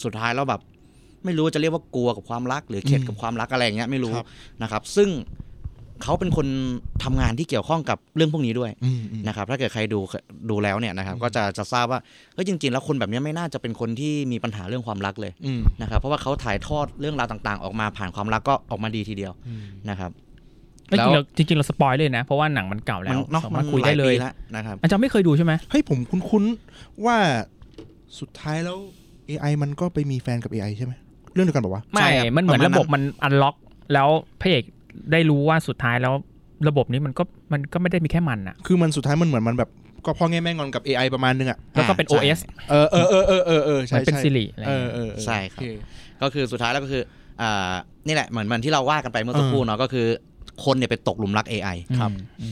Speaker 4: สุดท้ายแล้วแบบ ไม่รู้จะเรียกว่ากลัวกับความรัก หรือเข็ดกับความรักอะไรอย่างเงี้ยไม่รู้
Speaker 3: ครับ
Speaker 4: นะครับ ซึ่งเขาเป็นคนทำงานที่เกี่ยวข้องกับเรื่องพวกนี้ด้วย
Speaker 3: อืมอืม
Speaker 4: นะครับถ้าเกิดใครดูดูแล้วเนี่ยนะครับ ก็จะจะทราบว่าเฮ้ยจริง ๆ แล้วคนแบบเนี้ยไม่น่าจะเป็นคนที่มีปัญหาเรื่องความรักเลย
Speaker 3: อืม
Speaker 4: นะครับเพราะว่าเขาถ่ายทอดเรื่องราวต่างๆ ออกมาผ่านความรักก็ออกมาดีทีเดียวนะครับ
Speaker 2: เอ้ยจริงๆเราจริงๆเราสปอยเลยนะ เพราะว่าหนังมันเก่าแล้ว
Speaker 4: มันเนาะ
Speaker 2: สา
Speaker 4: มั
Speaker 2: มารถ
Speaker 4: น
Speaker 2: คุย
Speaker 4: ห
Speaker 2: ได้
Speaker 4: ลาย
Speaker 2: เลย
Speaker 4: ปีแล้วนะครับ
Speaker 2: อาจารย์ไม่เคยดูใช่ไหม
Speaker 3: เฮ้ยผมคุ้นๆว่าสุดท้ายแล้ว AI มันก็ไปมีแฟนกับ AI ใช่ไหมเรื่องเดียวกันบอกว่าวะ
Speaker 4: ใช่
Speaker 2: ไม่
Speaker 4: ครับ
Speaker 2: มันเหมือน
Speaker 4: ประมาณ
Speaker 2: ระบบมันอันล็อก แล้วพระเอกได้รู้ว่าสุดท้ายแล้วระบบนี้มันก็มันก็ไม่ได้มีแค่มันอ่ะ
Speaker 3: คือมันสุดท้ายมันเหมือนมันแบบก็พ่อแง่แม่งอนกับ AI ประมาณนึงอ่ะ
Speaker 2: แล้วก็เป็น
Speaker 4: อ่า
Speaker 2: OS
Speaker 4: ใช่
Speaker 3: เออเออเออเออเออเออ
Speaker 2: มั
Speaker 3: ใช่
Speaker 2: นเป็น
Speaker 3: ใช่
Speaker 2: ซิริอะไรอ
Speaker 3: เอย่าง
Speaker 2: เงี้ย
Speaker 3: อเออเออ
Speaker 4: ใช่ครับ
Speaker 3: โอเ
Speaker 4: ก็คือสุดท้ายแล้วก็คืออ่านี่แหละเหมือนเหมันที่เราว่ากันไปเมื่อสักครู่เนาะก็คือคนเนี่ยไปตกหลุมรัก AI
Speaker 2: ครับ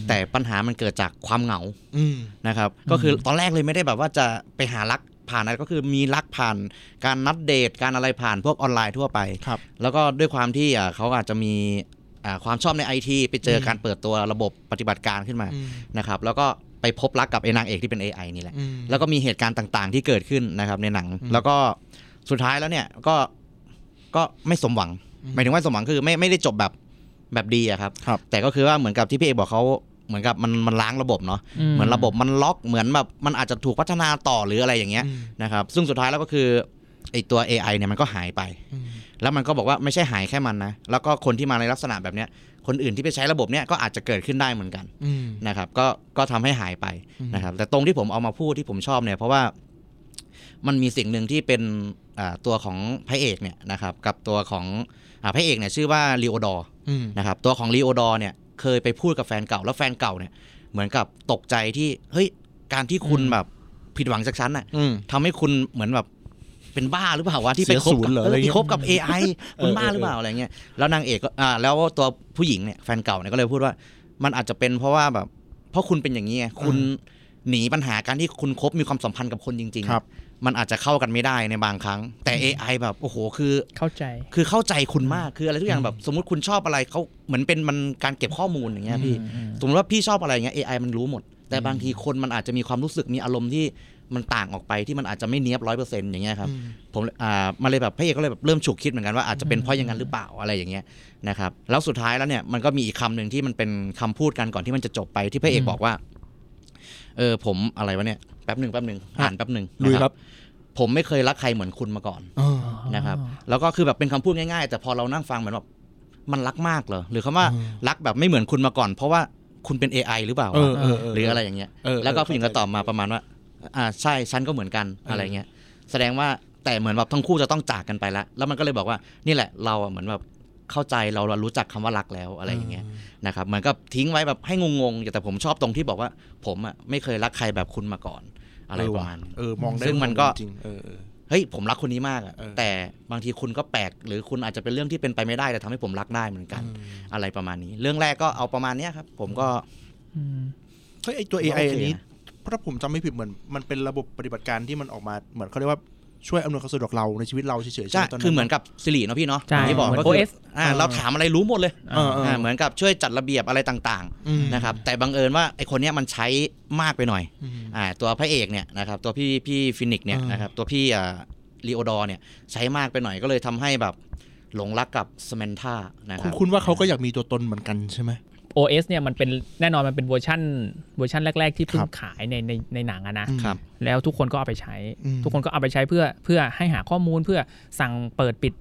Speaker 4: แต่ปัญหามันเกิดจากความเหงา
Speaker 3: อืม
Speaker 4: นะครับ ก็คือตอนแรกเลยไม่ได้แบบว่าจะไปหารัก ผ่านอะไรก็คือมีรักผ่าน การนัดเดทการอะไรผ่านพวกออนไลน์ทั่วไป
Speaker 3: ครับ
Speaker 4: แล้วก็ด้วยความที่อ่ะเขาอาจจะมีอ่าความชอบในไอทีไปเจออ
Speaker 3: ม
Speaker 4: การเปิดตัวระบบปฏิบัติการขึ้นมา
Speaker 3: อืม
Speaker 4: นะครับแล้วก็ไปพบรักกับไอ้นางเอกที่เป็น AI นี่แหละ
Speaker 3: อืม
Speaker 4: แล้วก็มีเหตุการณ์ต่างๆ ที่เกิดขึ้นนะครับในหนัง
Speaker 3: อืม
Speaker 4: แล้วก็สุดท้ายแล้วเนี่ยก็ก็ไม่สมหวัง
Speaker 3: อืม
Speaker 4: หมายถึงว่าสมหวังคือไม่ไม่ได้จบแบบแบบดีอะครับ
Speaker 3: ครับ
Speaker 4: แต่ก็คือว่าเหมือนกับที่พี่เอกบอกเขาเหมือนกับมันมันล้างระบบเนาะเหมือนระบบมันล็อกเหมือนแบบมันอาจจะถูกพัฒนาต่อหรืออะไรอย่างเงี้ย
Speaker 3: อืม
Speaker 4: นะครับ ซึ่งสุดท้ายแล้วก็คือไอตัว AI เนี่ยมันก็หายไป
Speaker 3: อืม
Speaker 4: แล้วมันก็บอกว่าไม่ใช่หายแค่มันนะแล้วก็คนที่มาในลักษณะแบบเนี้ยคนอื่นที่ไปใช้ระบบเนี้ยก็อาจจะเกิดขึ้นได้เหมือนกัน
Speaker 3: อืม
Speaker 4: นะครับก็ก็ทำให้หายไป
Speaker 3: อืม
Speaker 4: นะครับแต่ตรงที่ผมเอามาพูดที่ผมชอบเนี่ยเพราะว่ามันมีสิ่งหนึ่งที่เป็นอ่าตัวของพระเอกเนี่ยนะครับกับตัวของอาพระเอกเนี่ยชื่อว่าลีโอดอร์
Speaker 3: อืม
Speaker 4: นะครับตัวของลีโอดอร์เนี่ยเคยไปพูดกับแฟนเก่าแล้วแฟนเก่าเนี่ยเหมือนกับตกใจที่เฮ้ยการที่คุณแบบผิดหวังจากฉันน่ะ
Speaker 3: อืม
Speaker 4: ทำให้คุณเหมือนแบบเป็นบ้าหรือเปล่าวะที่ไป
Speaker 3: เสีย
Speaker 4: คบ
Speaker 3: ศูน
Speaker 4: กั
Speaker 3: ย์
Speaker 4: บ
Speaker 3: เหรอ
Speaker 4: เออ
Speaker 3: อะไรเงี้
Speaker 4: ที่
Speaker 3: ย
Speaker 4: คบกับ AI คุณ
Speaker 3: เออ
Speaker 4: บ้า
Speaker 3: เออ
Speaker 4: หรือเปล่าอะไรเงี้ยแล้วนางเอกก็อ่าแล้วตัวผู้หญิงเนี่ยแฟนเก่าเนี่ยก็เลยพูดว่า มันอาจจะเป็นเพราะว่าแบบ เพราะคุณเป็นอย่างนี้ไงคุณหนีปัญหาการที่คุณคบมีความสัมพันธ์กับคนจริงๆ
Speaker 3: ครับ
Speaker 4: มันอาจจะเข้ากันไม่ได้ในบางครั้ง แต่ AI แบบโอ้โหคือ
Speaker 2: เข้าใจ
Speaker 4: คือเข้าใจคุณมากคืออะไรทุกอย่างแบบ สมมติคุณชอบอะไรเขาเหมือนเป็นมันการเก็บข้อมูลอย่างเงี้ยพี่สมมติว่าพี่ชอบอะไรอย่างเงี้ย AI มันรู้หมด แต่บางทีคนมันอาจจะมีความรู้สึกมีอารมณ์ที่มันต่างออกไปที่มันอาจจะไม่เนี้ยบร้อยเปอร์เซ็นต์อย่างเงี้ยครับผมอ่ามาเลยแบบพระเอกก็เลยแบบเริ่มฉุกคิดเหมือนกันว่าอาจจะเป็นเพราะอย่างนั้นหรือเปล่าอะไรอย่างเงี้ยนะครับแล้วสุดท้ายแล้วเนี่ยมันก็มีอีกคำหนึ่งที่มันเป็นคำพูดกันก่อนที่มันจะจบไปที่พระเอกบอกว่าเออผมอะไรวะเนี่ยแป๊บหนึ่งแป๊บหนึ่งอ่านแป๊บหนึ่งนะ
Speaker 3: ลุยครับ
Speaker 4: ผมไม่เคยรักใครเหมือนคุณมาก่อน
Speaker 3: อ่า
Speaker 4: นะครับแล้วก็คือแบบเป็นคำพูดง่ายๆ แต่พอเรานั่งฟังเหมือนแบบมันรักมากเหรอหรือคำว่ารักแบบไม่เหมือนคุณมาก่อน เพราะว่าคุณเป็น AI หรือเปล่า
Speaker 3: เออเออเห
Speaker 4: รืออะไรอย่างเงี้ย
Speaker 3: เออเออ
Speaker 4: แล้วก็ผู้หญิงก็ตอบมาประมาณว่าอ่าใช่ฉันก็เหมือนกันอะไรเงี้ยแสดงว่าแต่เหมือนแบบทั้งคู่จะต้องจากกันไปละแล้วมันก็เลยบอกว่านี่แหละเราอะเหมือนแบบเข้าใจเราเรารู้จักคำว่ารักแล้วอะไรอย่างเงี้ยนะครับเหมือนกับทิ้งไว้แบบให้งงๆแต่ผมชอบตรงที่บอกว่า ผมอ่ะไม่เคยรักใครแบบคุณมาก่อนอะไรประมาณ
Speaker 3: เออ มองได้
Speaker 4: ซึ่งมันก็
Speaker 3: จริงๆเออเออ
Speaker 4: เฮ้ยผมรักคนนี้มากอะ
Speaker 3: เออ
Speaker 4: แต่บางทีคุณก็แปลก หรือคุณอาจจะเป็นเรื่องที่เป็นไปไม่ได้แต่ทำให้ผมรักได้เหมือนกัน อะไรประมาณนี้ เรื่องแรกก็เอาประมาณเนี้ยครับ ผมก็
Speaker 3: เฮ้ยไอตัว AI
Speaker 4: โอเคนะ
Speaker 3: อันนี้เพราะถ้าผมจำไม่ผิดเหมือนมันเป็นระบบปฏิบัติการที่มันออกมาเหมือนเขาเรียกว่าช่วยอำนวยความสะดวกเราในชีวิตเราเฉยๆใช่
Speaker 4: ใช่
Speaker 3: ไหมตอนนั้น
Speaker 4: คือเหมือนกับสิริเนาะพี่เนาะ
Speaker 2: ใช่
Speaker 4: อย่างที่บอก
Speaker 2: เหมือน
Speaker 4: ก็คื
Speaker 2: OS
Speaker 4: อ่าเราถามอะไรรู้หมดเลย
Speaker 3: เออเอออ่
Speaker 4: าเหมือนกับช่วยจัดระเบียบอะไรต่าง
Speaker 3: อืม
Speaker 4: ๆนะครับแต่บังเอิญว่าไอคนเนี้ยมันใช้มากไปหน่อย
Speaker 3: อืม
Speaker 4: อ่าตัวพระเอกเนี่ยนะครับตัวพี่พี่ฟินิกซ์เนี่ย
Speaker 3: อ่าน
Speaker 4: นะครับตัวพี่อ่าลีโอดอร์เนี่ยใช้มากไปหน่อยก็เลยทำให้แบบหลงรักกับสแมนธานะค
Speaker 3: คุ
Speaker 4: รั
Speaker 3: ณ
Speaker 4: บ
Speaker 3: คุณว่าเขาก็อยากมีตัวตนเหมือนกันใช่ไหม
Speaker 2: OS เนี่ยมันเป็นแน่นอนมันเป็นเวอร์ชั่นเวอร์ชั่นแรก ๆ ที่เพิ่
Speaker 3: ค
Speaker 2: ง
Speaker 3: รับ
Speaker 2: ขายในในในหนังอะนะครับ แล้วทุกคนก็เอาไปใช้
Speaker 3: อืม
Speaker 2: ทุกคนก็เอาไปใช้เพื่อเพื่อให้หาข้อมูลเพื่อสั่งเปิดปิด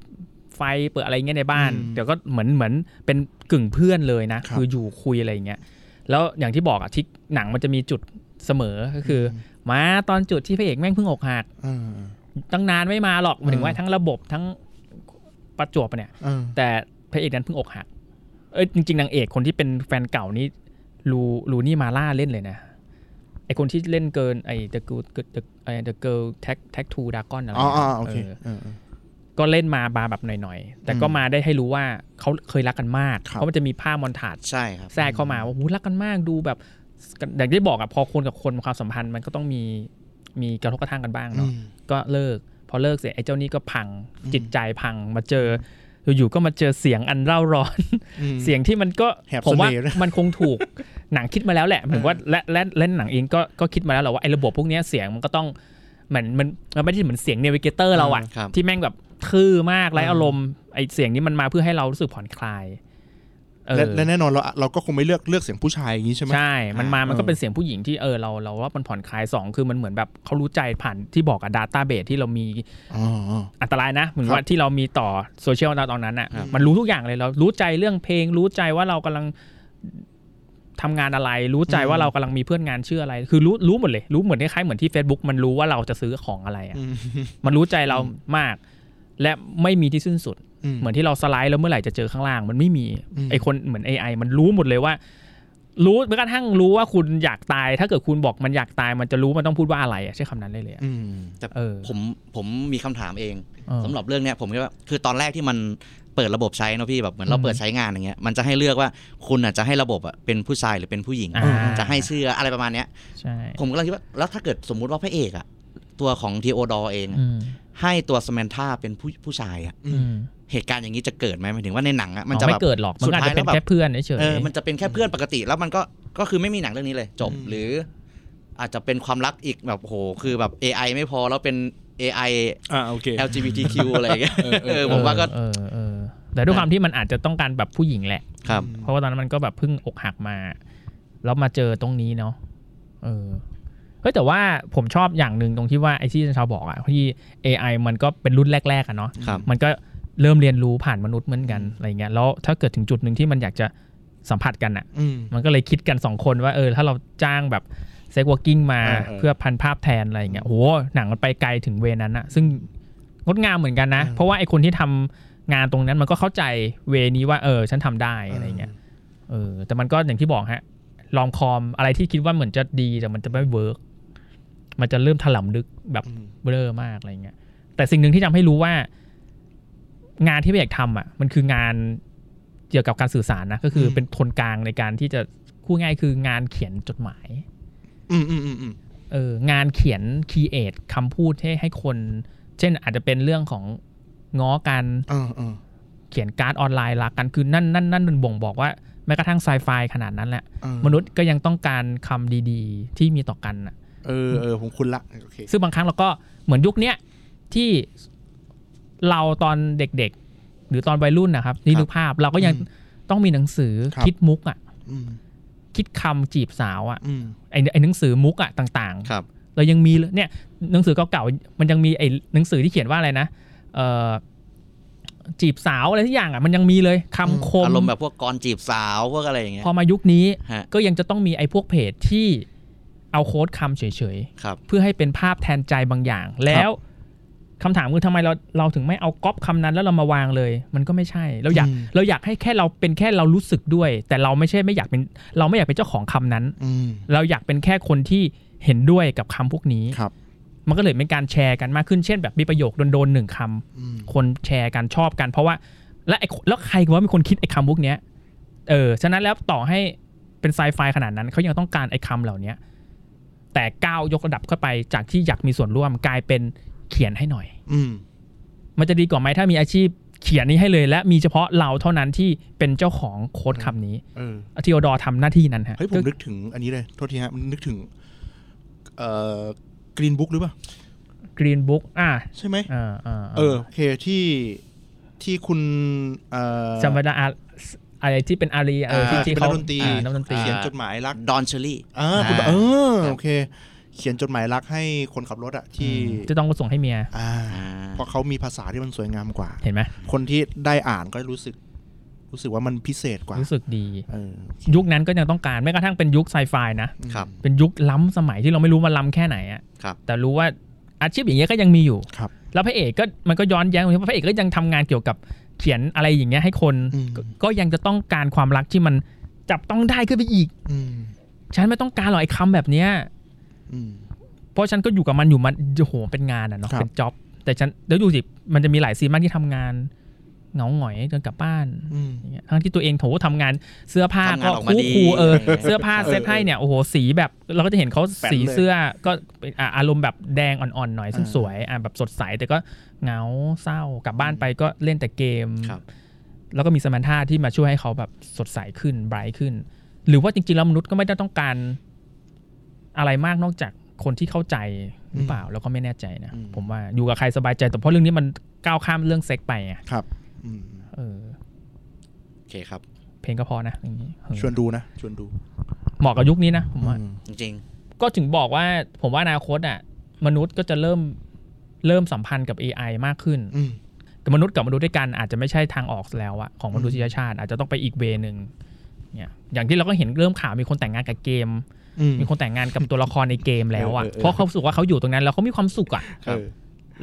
Speaker 2: ไฟเปิดอะไรเงี้ยในบ้านเดี๋ยวก็เหมือนเหมือนเป็นกึ่งเพื่อนเลยนะครับคืออยู่คุยอะไรอย่างเงี้ยแล้วอย่างที่บอกอะที่หนังมันจะมีจุดเสมอก็คืออ
Speaker 3: ม
Speaker 2: มาตอนจุดที่พระเอกแม่งเพิ่งอกหัก
Speaker 3: อ่า
Speaker 2: ตั้งนานไม่มาหรอกหมายถึงว่า
Speaker 3: อืม
Speaker 2: ทั้งระบบทั้งประจวบอะเนี่ย
Speaker 3: อ่า
Speaker 2: แต่พระเอกนั้นเพิ่งอกหัก เอ้ยจริงๆนางเอกคนที่เป็นแฟนเก่านี่ลูลูนี่มาล่าเล่นเลยนะ ไอคนที่เล่นเกินไอ The Girl The ไอ The Girl Tag Tag Two Dragon อะไร
Speaker 3: อ๋อ
Speaker 2: นะ
Speaker 3: อ๋อโอเค
Speaker 2: เออ
Speaker 3: เออเออ
Speaker 2: ก็เล่นมาบาแบบหน่อยๆ แต่ก็
Speaker 3: อืม
Speaker 2: มาได้ให้รู้ว่าเขาเคยรักกันมาก
Speaker 3: ครับ
Speaker 2: เพราะมันจะมีภาพมอนทาจ
Speaker 4: ใช่ครับ
Speaker 2: แทรกเข้ามาว่าหูรักกันมากดูแบบอย่างที่บอกอะพอคนกับคนความสัมพันธ์มันก็ต้องมีมีกระทบกระทั่งกันบ้างเนาะ
Speaker 3: อืม
Speaker 2: ก็เลิก พอเลิกเสร็จไอ้เจ้านี่ก็พังจิตใจพังมาเจออยู่ๆก็มาเจอเสียงอันเร่าร้อน
Speaker 3: อืม
Speaker 2: เสียงที่มันก็
Speaker 3: แหบ
Speaker 2: ผมว่า
Speaker 3: เสน่ห์ นะ
Speaker 2: มันคงถูก หนังคิดมาแล้วแหละผมว่าและและและหนังเองก็ก็คิดมาแล้วแหละว่าไอ้ระบบพวกเนี้ยเสียงมันก็ต้องเหมือนมันมันไม่ได้เหมือนเสียงเนวิเกเตอร์เราอะ
Speaker 4: ครับ
Speaker 2: ที่แม่งแบบทื่อมากไร้อารมณ์ไอ้เสียงนี้มันมาเพื่อให้เรารู้สึกผ่อนคลายเออ
Speaker 3: และและแน่นอนเราเราก็คงไม่เลือกเลือกเสียงผู้ชายอย่างนี้ใช่ไหม
Speaker 2: ใช่ มันมา
Speaker 3: อ่ามั
Speaker 2: มันก็
Speaker 3: เออ
Speaker 2: เป็นเสียงผู้หญิงที่เออเราเราว่ามันผ่อนคลาย 2 คือมันเหมือนแบบเขารู้ใจผ่านที่บอกอะดัต้าเบสที่เรามี
Speaker 3: อ๋อ
Speaker 2: อันตรายนะ เหมือน
Speaker 3: ครับ
Speaker 2: ว่าที่เรามีต่อโซเชียลตอนนั้นอะ
Speaker 4: ครับ
Speaker 2: มันรู้ทุกอย่างเลยเรารู้ใจเรื่องเพลง รู้ใจว่าเรากำลังทำงานอะไร รู้ใจว่าเรากำลังมีเพื่อนงานชื่ออะไร คือรู้รู้หมดเลย รู้เหมือนคล้ายๆเหมือนที่ Facebook มันรู้ว่าเราจะซื้อของอะไรอะ
Speaker 3: อืม
Speaker 2: มันรู้ใจเรามาก และไม่มีที่สิ้นสุด
Speaker 3: ม
Speaker 2: เหมือนที่เราสไลด์แล้วเมื่อไหร่จะเจอข้างล่างมันไม่มี
Speaker 3: อืม
Speaker 2: ไอคนเหมือน AI มันรู้หมดเลยว่า รู้แม้กระทั่งรู้ว่าคุณอยากตาย ถ้าเกิดคุณบอกมันอยากตายมันจะรู้มันต้องพูดว่าอะไรอะใช้คำนั้นได้เลยอะ
Speaker 3: อืม
Speaker 2: เออ
Speaker 4: ผมผมมีคำถามเอง
Speaker 2: เออ
Speaker 4: สำหรับเรื่องเนี้ยผมคิดว่าคือตอนแรกที่มันเปิดระบบใช้เนอะพี่แบบเหมือนเรา
Speaker 2: อืม
Speaker 4: เปิดใช้งานอย่างเงี้ยมันจะให้เลือกว่าคุณอ่ะจะให้ระบบอ่ะเป็นผู้ชายหรือเป็นผู้หญิง
Speaker 2: อ่า
Speaker 4: จะให้เชื่ออะไรประมาณเนี้ย
Speaker 2: ใช่
Speaker 4: ผมกำลังคิดว่าแล้วถ้าเกิดสมมุติว่าพระเอกอ่ะ ตัวของทีโอดอเองอะ
Speaker 2: อืม
Speaker 4: ให้ตัวสแมนทาเป็นผู้ผู้ชายอะ
Speaker 2: อืม
Speaker 4: เหตุการณ์อย่างนี้จะเกิดไหมหมายถึงว่าในหนังอะ
Speaker 2: มั
Speaker 4: มัน น
Speaker 2: จะ
Speaker 4: จะแบ
Speaker 2: ไม่
Speaker 4: บ
Speaker 2: เกิดหรอก มันอาจจะเป็น
Speaker 4: สุดท้ายแล้วแบบ
Speaker 2: แค่เพื่อนเฉยๆ
Speaker 4: เออมันจะเป็นแค่เพื่อนปกติแล้วมันก็ก็คือไม่มีหนังเรื่องนี้เลยจบ
Speaker 3: อืม
Speaker 4: หรืออาจจะเป็นความรักอีกแบบโหคือแบบ AI ไม่พอแล้วเป็น AI
Speaker 3: อ่าโอเค
Speaker 4: LGBTQ อะไรอย่างเงี้ย
Speaker 3: เออเออ
Speaker 4: เออผมว่าก็
Speaker 2: เออเออเออแต่ด้วยความที่มันอาจจะต้องการแบบผู้หญิงแหละ
Speaker 4: ครับ
Speaker 2: เพราะว่าตอนนั้นมันก็แบบเพิ่งอกหักมา แล้วมาเจอตรงนี้เนาะเออเฮ้ยแต่ว่าผมชอบอย่างหนึ่งตรงที่ว่าไอ้ที่ชาวบอกอะที่ AI มันก็เป็นรุ่นแรกๆอะเนาะ
Speaker 4: ครับ
Speaker 2: มันก็เริ่มเรียนรู้ผ่านมนุษย์เหมือนกันอะไรเงี้ยแล้วถ้าเกิดถึงจุดหนึ่งที่มันอยากจะสัมผัสกันอะ
Speaker 3: อืม
Speaker 2: มันก็เลยคิดกันสองคนว่าเออถ้าเราจ้างแบบเซ็กวอร์กิ้งมา
Speaker 3: เออเออ
Speaker 2: เพื่อพันภาพแทนอะไรอย่างเงี้ยโหหนังมันไปไกลถึงเวนั้นอะซึ่ง งดงามเหมือนกันนะ เพราะว่าไอคนที่ทำงานตรงนั้นมันก็เข้าใจเวนี้ว่าเออ ฉันทำได้อะไรเงี้ยเออ แต่มันก็อย่างที่บอกฮะ ลองคอมอะไรที่คิดว่าเหมือนจะดีแต่มันจะไม่เวิร์กมันจะเริ่มถลำลึกแบบ
Speaker 3: อืม
Speaker 2: เบลอมากอะไรเงี้ยแต่สิ่งหนึ่งที่ทำให้รู้ว่า งานที่พี่เอกทำอ่ะ มันคืองานเกี่ยวกับการสื่อสารนะ ก็คืออ
Speaker 3: ม
Speaker 2: เป็นคนกลางในการที่จะคู่ง่ายคืองานเขียนจดหมาย
Speaker 3: อืมอืมอืมอืม
Speaker 2: เอองานเขียนค r e เอทคำพูดให้ให้คน เช่นอาจจะเป็นเรื่องของง้อกัน
Speaker 3: อ่าอ่า
Speaker 2: เขียนการ์ดออนไลน์รักกันคือนั่นนั่นนั่นมันบ่งบอกว่าแม้กระทั่งไซไฟขนาดนั้นแหละ
Speaker 3: อ่าม
Speaker 2: นุษย์ก็ยังต้องการคำดีๆ ที่มีต่อกันน่ะ
Speaker 3: เออเออผมคุณละโอเค
Speaker 2: ซึ่งบางครั้งเราก็เหมือนยุคเนี้ยที่เราตอนเด็กๆ หรือตอนวัยรุ่นนะครับนี่นึกภาพเราก็ยังต้องมีหนังสือคิดมุกอ่ะ
Speaker 3: อืม
Speaker 2: คิดคำจีบสาวอ่ะ
Speaker 3: อืม
Speaker 2: ไอ้ไอ้หนังสือมุกอ่ะต่างๆ
Speaker 4: ครับ
Speaker 2: เรายังมีเลยเนี่ยหนังสือเก่าๆมันยังมีไอ้หนังสือที่เขียนว่าอะไรนะเอ่อจีบสาวอะไรที่อย่างอ่ะมันยังมีเลยคำคม
Speaker 4: อารมณ์แบบพวกกรจีบสาวพวกอะไรอย่างเงี้ย
Speaker 2: พอมายุคนี้
Speaker 4: ฮะ
Speaker 2: ก็ยังจะต้องมีไอ้พวกเพจที่เอาโค้ดคำเฉย
Speaker 4: ครับ
Speaker 2: ๆ เพื่อให้เป็นภาพแทนใจบางอย่าง แล้วคำถามคือทำไมเราเราถึงไม่เอาก๊อปคำนั้นแล้วเรามาวางเลย มันก็ไม่ใช่ เราอยากเราอยากให้แค่เราเป็นแค่เรารู้สึกด้วย แต่เราไม่ใช่ไม่อยากเป็นเราไม่อยากเป็นเจ้าของคำนั้น
Speaker 3: อืม
Speaker 2: เราอยากเป็นแค่คนที่เห็นด้วยกับคำพวกนี้
Speaker 3: ครับ
Speaker 2: มันก็เลยเป็นการแชร์กันมากขึ้น เช่นแบบมีประโยคโดนๆหนึ่งค
Speaker 3: อืม
Speaker 2: ำคนแชร์กันชอบกัน เพราะว่าและไอ้แล้วใครว่าเป็นคนคิดไอ้คำพวกเนี้ยเออฉะนั้นแล้วต่อให้เป็นไซไฟขนาดนั้นเขายังต้องการไอ้คำเหล่าเนี้ยแต่ก้าวยกระดับเข้าไปจากที่อยากมีส่วนร่วมกลายเป็นเขียนให้หน่อย
Speaker 3: อืม
Speaker 2: มันจะดีกว่าไหมถ้ามีอาชีพเขียนนี้ให้เลย และมีเฉพาะเราเท่านั้นที่เป็นเจ้าของโค้ดคำนี้
Speaker 3: เออ
Speaker 2: ทีโอดอทำหน้าที่นั้นฮะ
Speaker 3: เฮ้ย ผมนึกถึงอันนี้เลย โทษทีฮะ มันนึกถึง เอ่อกรีนบุ๊กหรือเปล่า
Speaker 2: กรีนบุ๊กอ่า
Speaker 3: ใช่ไหม
Speaker 2: อ่าอ่า
Speaker 3: เออ โอเค ที่ ที่คุณ เอ่อ
Speaker 2: จำไม่ได้อะอะไรที่เป็นอารีเออที่ที่
Speaker 3: เป็น
Speaker 2: เขา
Speaker 3: นักดนตรี
Speaker 2: อ่านักดนตรี
Speaker 3: เขียนจดหมายรัก
Speaker 4: ดอนเชอรี่
Speaker 3: อ่าคุณ
Speaker 4: อ่า
Speaker 3: เออ โอเค เขียนจดหมายรักให้คนขับรถอะที่
Speaker 2: จะต้องส่งให้เมีย
Speaker 3: อ่าเพราะเขามีภาษาที่มันสวยงามกว่า
Speaker 2: เห็นไหม
Speaker 3: คนที่ได้อ่านก็รู้สึก รู้สึกว่ามันพิเศษกว่า
Speaker 2: รู้สึกดี
Speaker 3: เออ
Speaker 2: ยุคนั้นก็ยังต้องการแม้กระทั่งเป็นยุคไซไฟนะ
Speaker 4: ครับ
Speaker 2: เป็นยุคล้ำสมัยที่เราไม่รู้มันล้ำแค่ไหนอะ
Speaker 4: ครับ
Speaker 2: แต่รู้ว่าอาชีพอย่างเงี้ยก็ยังมีอยู่
Speaker 3: ครับ
Speaker 2: แล้วพระเอกก็มันก็ย้อนแย้งตรงที่ว่าพระเอกก็ยังทำงานเกี่ยวกับเขียนอะไรอย่างเงี้ยให้คน
Speaker 3: อืม
Speaker 2: ก็ก็ยังจะต้องการความรักที่มันจับต้องได้ขึ้นไปอีก
Speaker 3: อืม
Speaker 2: ฉันไม่ต้องการหรอกไอ้คำแบบเนี้ย
Speaker 3: อืม
Speaker 2: เพราะฉันก็อยู่กับมันอยู่มันโอ้โหเป็นงานอ่ะเนาะ
Speaker 3: ครับ
Speaker 2: เป็นจ็อบแต่ฉันเดี๋ยวดูสิมันจะมีหลายซีนมากที่ทำงานเหงาหงอยจนกลับบ้าน
Speaker 3: อืม
Speaker 2: อย่างเงี้ยทั้งที่ตัวเองโถทำงานเสื้อผ้า
Speaker 4: ทำ
Speaker 2: ก็
Speaker 4: งานออกมา
Speaker 2: คู่
Speaker 4: ดี
Speaker 2: คูเออเสื้อผ้าเซ็ต
Speaker 3: เออ
Speaker 2: ให้เนี่ยโอ้โหสีแบบเราก็จะเห็นเขา
Speaker 3: แปะ
Speaker 2: สี
Speaker 3: เลย
Speaker 2: เสื้อก็เป็นอ่ะอารมณ์แบบแดงอ่อนๆหน่อยซึ่ง
Speaker 3: อ่า
Speaker 2: สวยอ่ะแบบสดใสแต่ก็เหงาเศร้ากลับบ้านไปก็เล่นแต่เกม
Speaker 4: ครับ
Speaker 2: แล้วก็มีสมานท่าที่มาช่วยให้เขาแบบสดใสขึ้นไบรท์ขึ้น หรือว่าจริงๆแล้วมนุษย์ก็ไม่ได้ต้องการอะไรมากนอกจากคนที่เข้าใจหรือเปล่าแล้วก็ไม่แน่ใจนะผมว่าอยู่กับใครสบายใจแต่เพราะเรื่องนี้มันก้าวข้ามเรื่องเซ็กไปไง
Speaker 3: ครับ อืม
Speaker 2: เออ
Speaker 4: โอเคครับ
Speaker 2: เพลงก็พอนะอย่างนี้เออ
Speaker 3: ชวนดูนะ ชวนดู
Speaker 2: เหมาะกับยุคนี้นะผมว่า
Speaker 4: จริง
Speaker 2: ก็ถึงบอกว่าผมว่าอนาคตอ่ะมนุษย์ก็จะเริ่มเริ่มสัมพันธ์กับ AI มากขึ้น
Speaker 3: อืม
Speaker 2: แต่มนุษย์กับมนุษย์ด้วยกันอาจจะไม่ใช่ทางออกแล้วอะของมนุษยชาติ อาจจะต้องไปอีกเวนึงเนี่ยอย่างที่เราก็เห็นเริ่มข่าวมีคนแต่งงานกับเกม
Speaker 3: อืม
Speaker 2: มีคนแต่งงานกับตัวละครในเกมแล้วอะ
Speaker 3: เออเออเออ
Speaker 2: เพราะเขารู้สึกว่าเขาอยู่ตรงนั้นแล้วเขามีความสุขอะ
Speaker 3: เออ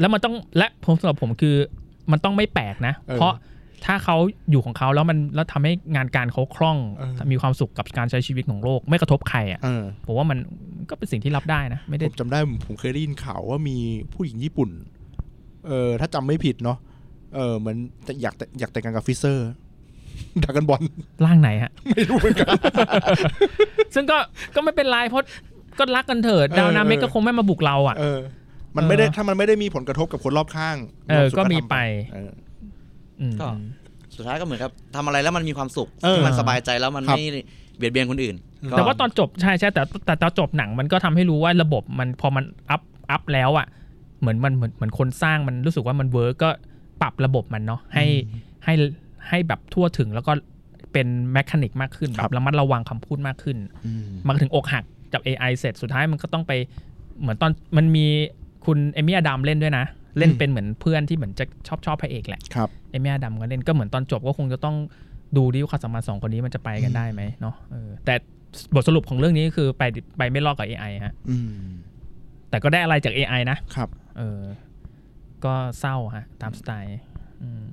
Speaker 2: แล้วมันต้องและผมสำหรับผมคือมันต้องไม่แปลกนะ
Speaker 3: เออ
Speaker 2: เพราะถ้าเขาอยู่ของเขาแล้วมันแล้วทำให้งานการเขาคล่อง
Speaker 3: เออ
Speaker 2: มีความสุขกับการใช้ชีวิตของโลก ไม่กระทบใครอะ
Speaker 3: เออ
Speaker 2: ผมว่ามันก็เป็นสิ่งที่รับได้นะ ไม่ได้
Speaker 3: ผมจำได้ผมผมเคยได้ยินข่าวว่ามีผู้หญิงญี่ปุ่น เออถ้าจำไม่ผิดเนาะเออเหมือนแต่อยากแต่อยากแต่งงานกับฟิเซ อร์ ดักกันบอล
Speaker 2: ร่างไหนฮะ
Speaker 3: ไม่รู้เหมือน กัน
Speaker 2: ซึ่งก็ก็ไม่เป็นไรเพราะก็รักกันเถิดดาวนาเมกก็คงไม่มาบุกเราอ่ะ
Speaker 3: เออ
Speaker 6: มันไม่ได้ถ้ามันไม่ได้มีผลกระทบกับคนรอบข้าง
Speaker 2: เออ
Speaker 6: รบสุด
Speaker 2: ก็มี
Speaker 6: ทำ
Speaker 2: ไป
Speaker 6: เออ
Speaker 2: อืม
Speaker 4: ก็ สุดท้ายก็เหมือนกับทำอะไรแล้วมันมีความสุข
Speaker 6: เออ
Speaker 4: มันสบายใจแล้วมัน
Speaker 6: ครับ
Speaker 4: ไม่เบียดเบียนคนอื่นก็
Speaker 2: แต่ว่าตอนจบใช่ใช่แต่แต่ตอนจบหนังมันก็ทำให้รู้ว่าระบบมันพอมันอัพอัพแล้วอ่ะเหมือนมันเหมือนเหมือนคนสร้างมันรู้สึกว่ามันเวิร์กก็ปรับระบบมันเนาะให้ให้ให้แบบทั่วถึงแล้วก็เป็นแมคานิกมากขึ้น
Speaker 6: ค
Speaker 2: แบ
Speaker 6: รั
Speaker 2: บบ ระมัดระวังคำพูดมากขึ้น
Speaker 6: อืม
Speaker 2: มันถึงอกหักจับ AI เสร็จสุดท้ายมันก็ต้องไปเหมือนตอนมันมีคุณเอมี่อดัมเล่นด้วยนะ เล่นเป็นเหมือนเพื่อนที่เหมือนจะชอบชอบพระเอกแหละ
Speaker 6: ครับ
Speaker 2: เอมี่อดัมก็เล่นก็เหมือนตอนจบก็คงจะต้องดูดิว่าความสัมพันธ์สองคนนี้มันจะไปกันได้ไหมเนาะเออแต่บทสรุปของเรื่องนี้ก็คือไปไปไม่รอดกับ AI ฮะ
Speaker 6: อืม
Speaker 2: แต่ก็ได้อะไรจาก AI นะครับ เออก็เศร้าฮะตามสไตล์อืม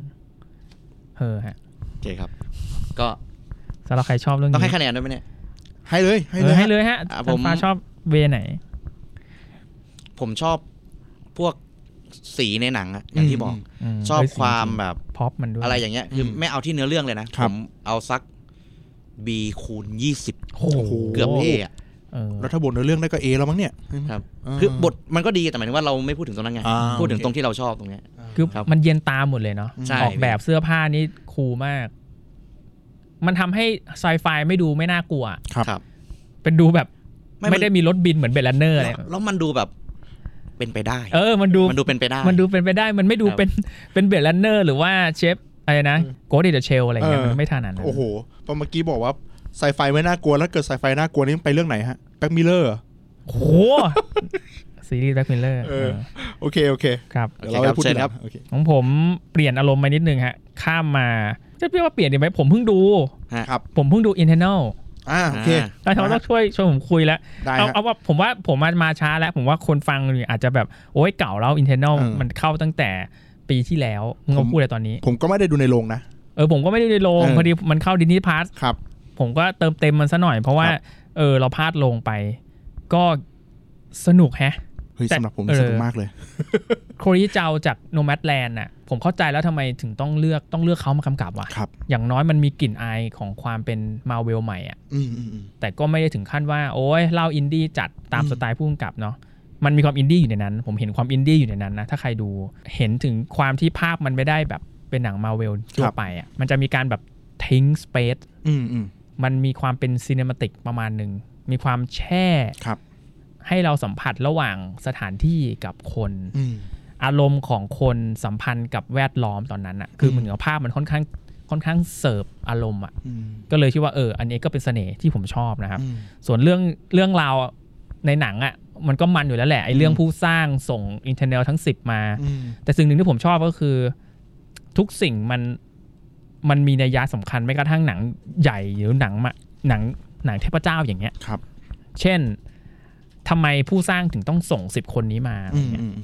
Speaker 2: เออฮะ
Speaker 4: โอเคครับ ก็
Speaker 2: สำหรับใครชอบเรื่อง
Speaker 4: ต้องให้
Speaker 2: นี้
Speaker 4: คะแนนด้วยไหมเนี่ย
Speaker 6: ให้เลยให้
Speaker 2: เอ
Speaker 6: เล
Speaker 2: อย ให้เลยฮะ
Speaker 4: อ่ะ
Speaker 2: ผม
Speaker 4: ผม
Speaker 2: ฟ้าชอบเวไหน
Speaker 4: ผมชอบพวกสีในหนังอะอย่างที่บอก
Speaker 2: ม
Speaker 4: ชอบ
Speaker 2: ด้วยสิ่ง
Speaker 4: ความ
Speaker 2: ที่
Speaker 4: แบบ
Speaker 2: พร็อปมันด้วย
Speaker 4: อะไรอย่างเงี้ยคืออ
Speaker 6: ม
Speaker 4: ไม่เอาที่เนื้อเรื่องเลยนะ
Speaker 6: ค
Speaker 4: ผ
Speaker 6: รับ
Speaker 4: มเอาสัก B คูณยี่สิบ
Speaker 2: โอ้โห
Speaker 4: เกือบ A อะ
Speaker 2: เออ
Speaker 6: แล้วถ้าบทในเรื่องได้ก็เอแล้วมั้งเนี่ย
Speaker 4: ครับ
Speaker 6: อ่า
Speaker 4: คือบทมันก็ดีแต่หมายถึงว่าเราไม่พูดถึงตรงนั้นไง
Speaker 6: อ่า
Speaker 4: พูดถึง
Speaker 6: โอเค
Speaker 4: ตรงที่เราชอบตรงเนี้ย
Speaker 2: คือ
Speaker 4: ครับ
Speaker 2: มันเย็นตาหมดเลยเนาะ
Speaker 4: ใช่
Speaker 2: ออกแบบเสื้อผ้านี่คูลมาก มันทำให้ไซไฟไม่ดูไม่น่ากลัว
Speaker 6: ครับ
Speaker 4: ครับ
Speaker 2: เป็นดูแบบ
Speaker 4: ไม่มัน
Speaker 2: ไม่ได้มีรถบินเหมือนเบลนเนอร์
Speaker 4: แล้
Speaker 2: อะไร
Speaker 4: วแล้วมันดูแบบเป็นไปได้
Speaker 2: เออ มันดู
Speaker 4: มันดูเป็นไปได้
Speaker 2: มันดูเป็นไปได้มันไม่ดู
Speaker 4: ครับ
Speaker 2: เป็นเป็นเบลนเนอร์หรือว่าเชฟอะไรนะโกดิเดเชลอะไรเงี้ย
Speaker 6: เออ
Speaker 2: มันไม่ทานาดนั้น
Speaker 6: โอ้โหพอเมื่อกี้บอกว่าไซไฟไม่น่ากลัวแล้วเกิดไซไฟน่ากลัวนี่ไปเรื่องไหนฮะแบ็กมิลเลอร์
Speaker 2: โอ้โห ซีรีส์แบล็กมิลเลอร์
Speaker 6: เออ โอเคโอเค
Speaker 2: ครับ
Speaker 4: โอ
Speaker 6: เดี๋ยว
Speaker 4: เค
Speaker 6: เราไป
Speaker 4: ครับ
Speaker 6: พูด
Speaker 4: เชิญ
Speaker 6: ทีห
Speaker 4: ค
Speaker 6: ลั
Speaker 4: รับ
Speaker 6: งโอเค
Speaker 2: ของผมเปลี่ยนอารมณ์ไปนิดนึงฮะ ข้ามมาจะเรียกว่าเปลี่ยนดีไหมผมเพิ่งดู
Speaker 6: ครับ
Speaker 2: ผมเพิ่งดู internal
Speaker 6: อ่าโอเค
Speaker 4: อ่า
Speaker 2: แล้วเขาต้องช่วยช่วยผมคุยแล้ว
Speaker 6: ได้
Speaker 2: เอา
Speaker 6: ฮะ
Speaker 2: เอาว่าผมว่าผมมามาช้าแล้ว ผมว่าคนฟังเนี่ยอาจจะแบบ โอ้ยเก่าแล้วอินเทอร์เนล
Speaker 6: เออ
Speaker 2: มันเข้าตั้งแต่ปีที่แล้วมึง
Speaker 6: ผ
Speaker 2: ก็
Speaker 6: ม
Speaker 2: พูดอะไรตอนนี้
Speaker 6: ผมก็ไม่ได้ดูในโรงนะ
Speaker 2: เออผมก็ไม่ได้ลง
Speaker 6: เออ
Speaker 2: พอดีมันเข้าดินีพาร์ท
Speaker 6: ครับ
Speaker 2: ผมก็เติมเต็มมันซะหน่อย เพราะว่า
Speaker 6: ครับ
Speaker 2: เออเราพลาดลงไป ก็สนุกแฮะ
Speaker 6: เฮ้ย
Speaker 2: แต่
Speaker 6: สำหรับผม
Speaker 2: เออ
Speaker 6: สนุกมากเลย
Speaker 2: โคริเจ้าจากโนแม d แลนด์น่ะผมเข้าใจแล้วทำไมถึงต้องเลือกต้องเลือกเขามากำกับว่ะ
Speaker 6: ครับ
Speaker 2: อย่างน้อยมันมีกลิ่นอายของความเป็นมาเวลใหม่อ่ะ
Speaker 6: อืมอืมอืม
Speaker 2: แต่ก็ไม่ได้ถึงขั้นว่า โอ้ยเล่าอินดี้จัดตาม
Speaker 6: อืม
Speaker 2: สไตล์ผู้กำกับเนาะมันมีความอินดี้อยู่ในนั้น ผมเห็นความอินดี้อยู่ในนั้นนะ ถ้าใครดูเห็นถึงความที่ภาพมันไม่ได้แบบเป็นหนังมาเวลทั่วไปอะ่ะมันจะมีการแบบทิ้งสเปซ
Speaker 6: อืมอืม
Speaker 2: มันมีความเป็นซีเนมาติกประมาณหนึ่ง มีความแช่
Speaker 6: ครับ
Speaker 2: ให้เราสัมผัสระหว่างสถานที่กับคน
Speaker 6: อืม
Speaker 2: อารมณ์ของคนสัมพันธ์กับแวดล้อมตอนนั้นอะ่ะคือเหมือนกับภาพมันค่อนข้างค่อนข้างเสิร์ฟอารมณ์อ่ะ
Speaker 6: อืม
Speaker 2: ก็เลยคิดว่าเอออันนี้ก็เป็นเสน่ห์ที่ผมชอบนะครับ
Speaker 6: อืม
Speaker 2: ส่วนเรื่องเรื่องราวในหนังอะ่ะมันก็มันอยู่แล้วแหละไอ้เรื่องผู้สร้างส่งอินเทอร์เนลทั้ง 10 มา
Speaker 6: อืม
Speaker 2: แต่สิ่งหนึ่งที่ผมชอบก็คือ ทุกสิ่งมันมันมีนัยยะสำคัญไม่กระทั่งหนังใหญ่หรือหนังมาหนังหนังเทพเจ้าอย่างเงี้ย
Speaker 6: ครับ
Speaker 2: เช่นทำไมผู้สร้างถึงต้องส่ง 10 คนนี้มาอะไร
Speaker 6: อืม
Speaker 2: เงี้ย
Speaker 6: อืมอืม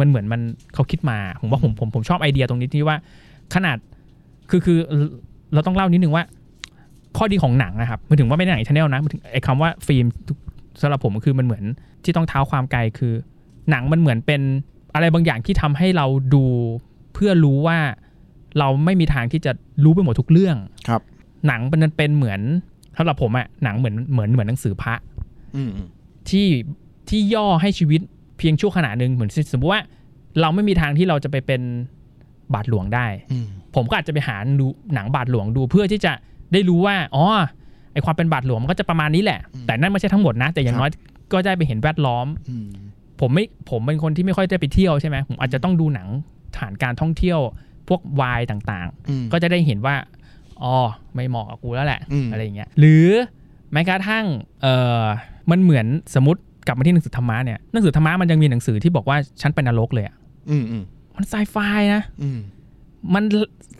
Speaker 2: มันเหมือนมันเขาคิดมาผมว่าผมผมผมชอบไอเดียตรงนี้ที่ว่า ขนาดคือคือเราต้องเล่านิดนึงว่า ข้อดีของหนังนะครับหมันถึงว่าไม่ได้หนังชาแนลนะหมันถึงไอ้คำว่าฟิล์มทุกสำหรับผมคือมันเหมือนที่ต้องเท้าความไกลคือ หนังมันเหมือนเป็นอะไรบางอย่างที่ทำให้เราดูเพื่อรู้ว่าเราไม่มีทางที่จะรู้ไปหมดทุกเรื่อง
Speaker 6: ครับ
Speaker 2: หนังมันเป็นเหมือนสำหรับผมอะหนังเหมือนเหมือนเหมือนหนังสือพระ
Speaker 6: อืมอืม
Speaker 2: ที่ที่ย่อให้ชีวิตเพียงชั่วขณะหนึ่งเหมือนสมมติว่า เราไม่มีทางที่เราจะไปเป็นบาทหลวงได้
Speaker 6: อืม
Speaker 2: ผมก็อาจจะไปหาดูหนังบาทหลวงดูเพื่อที่จะได้รู้ว่าอ๋อไอความเป็นบาทหลวงมันก็จะประมาณนี้แหละ
Speaker 6: อืม
Speaker 2: แต่นั่นไม่ใช่ทั้งหมดนะ แต่อ
Speaker 6: ค
Speaker 2: ย่า
Speaker 6: รั
Speaker 2: ง
Speaker 6: บ
Speaker 2: น้อยก็ได้ไปเห็นแวดล้อม
Speaker 6: อืม
Speaker 2: ผมไม่ผมเป็นคนที่ไม่ค่อยได้ไปเที่ยวใช่ไหมผมอาจจะต้องดูหนังฐานการท่องเที่ยวพวกวายต่าง
Speaker 6: อืม
Speaker 2: ๆ ก็จะได้เห็นว่าอ๋อไม่เหมาะกับกูแล้วแหละ
Speaker 6: อืม
Speaker 2: อะไรอย่างเงี้ยหรือแม้กระทั่งเออมันเหมือนสมมติกลับมาที่หนังสือธรรมะเนี่ยหนังสือธรรมะมันยังมีหนังสือที่บอกว่าฉันเป็นนรกเลยอะ
Speaker 6: อืมอืม
Speaker 2: มันไซไฟนะ
Speaker 6: อืม
Speaker 2: มัน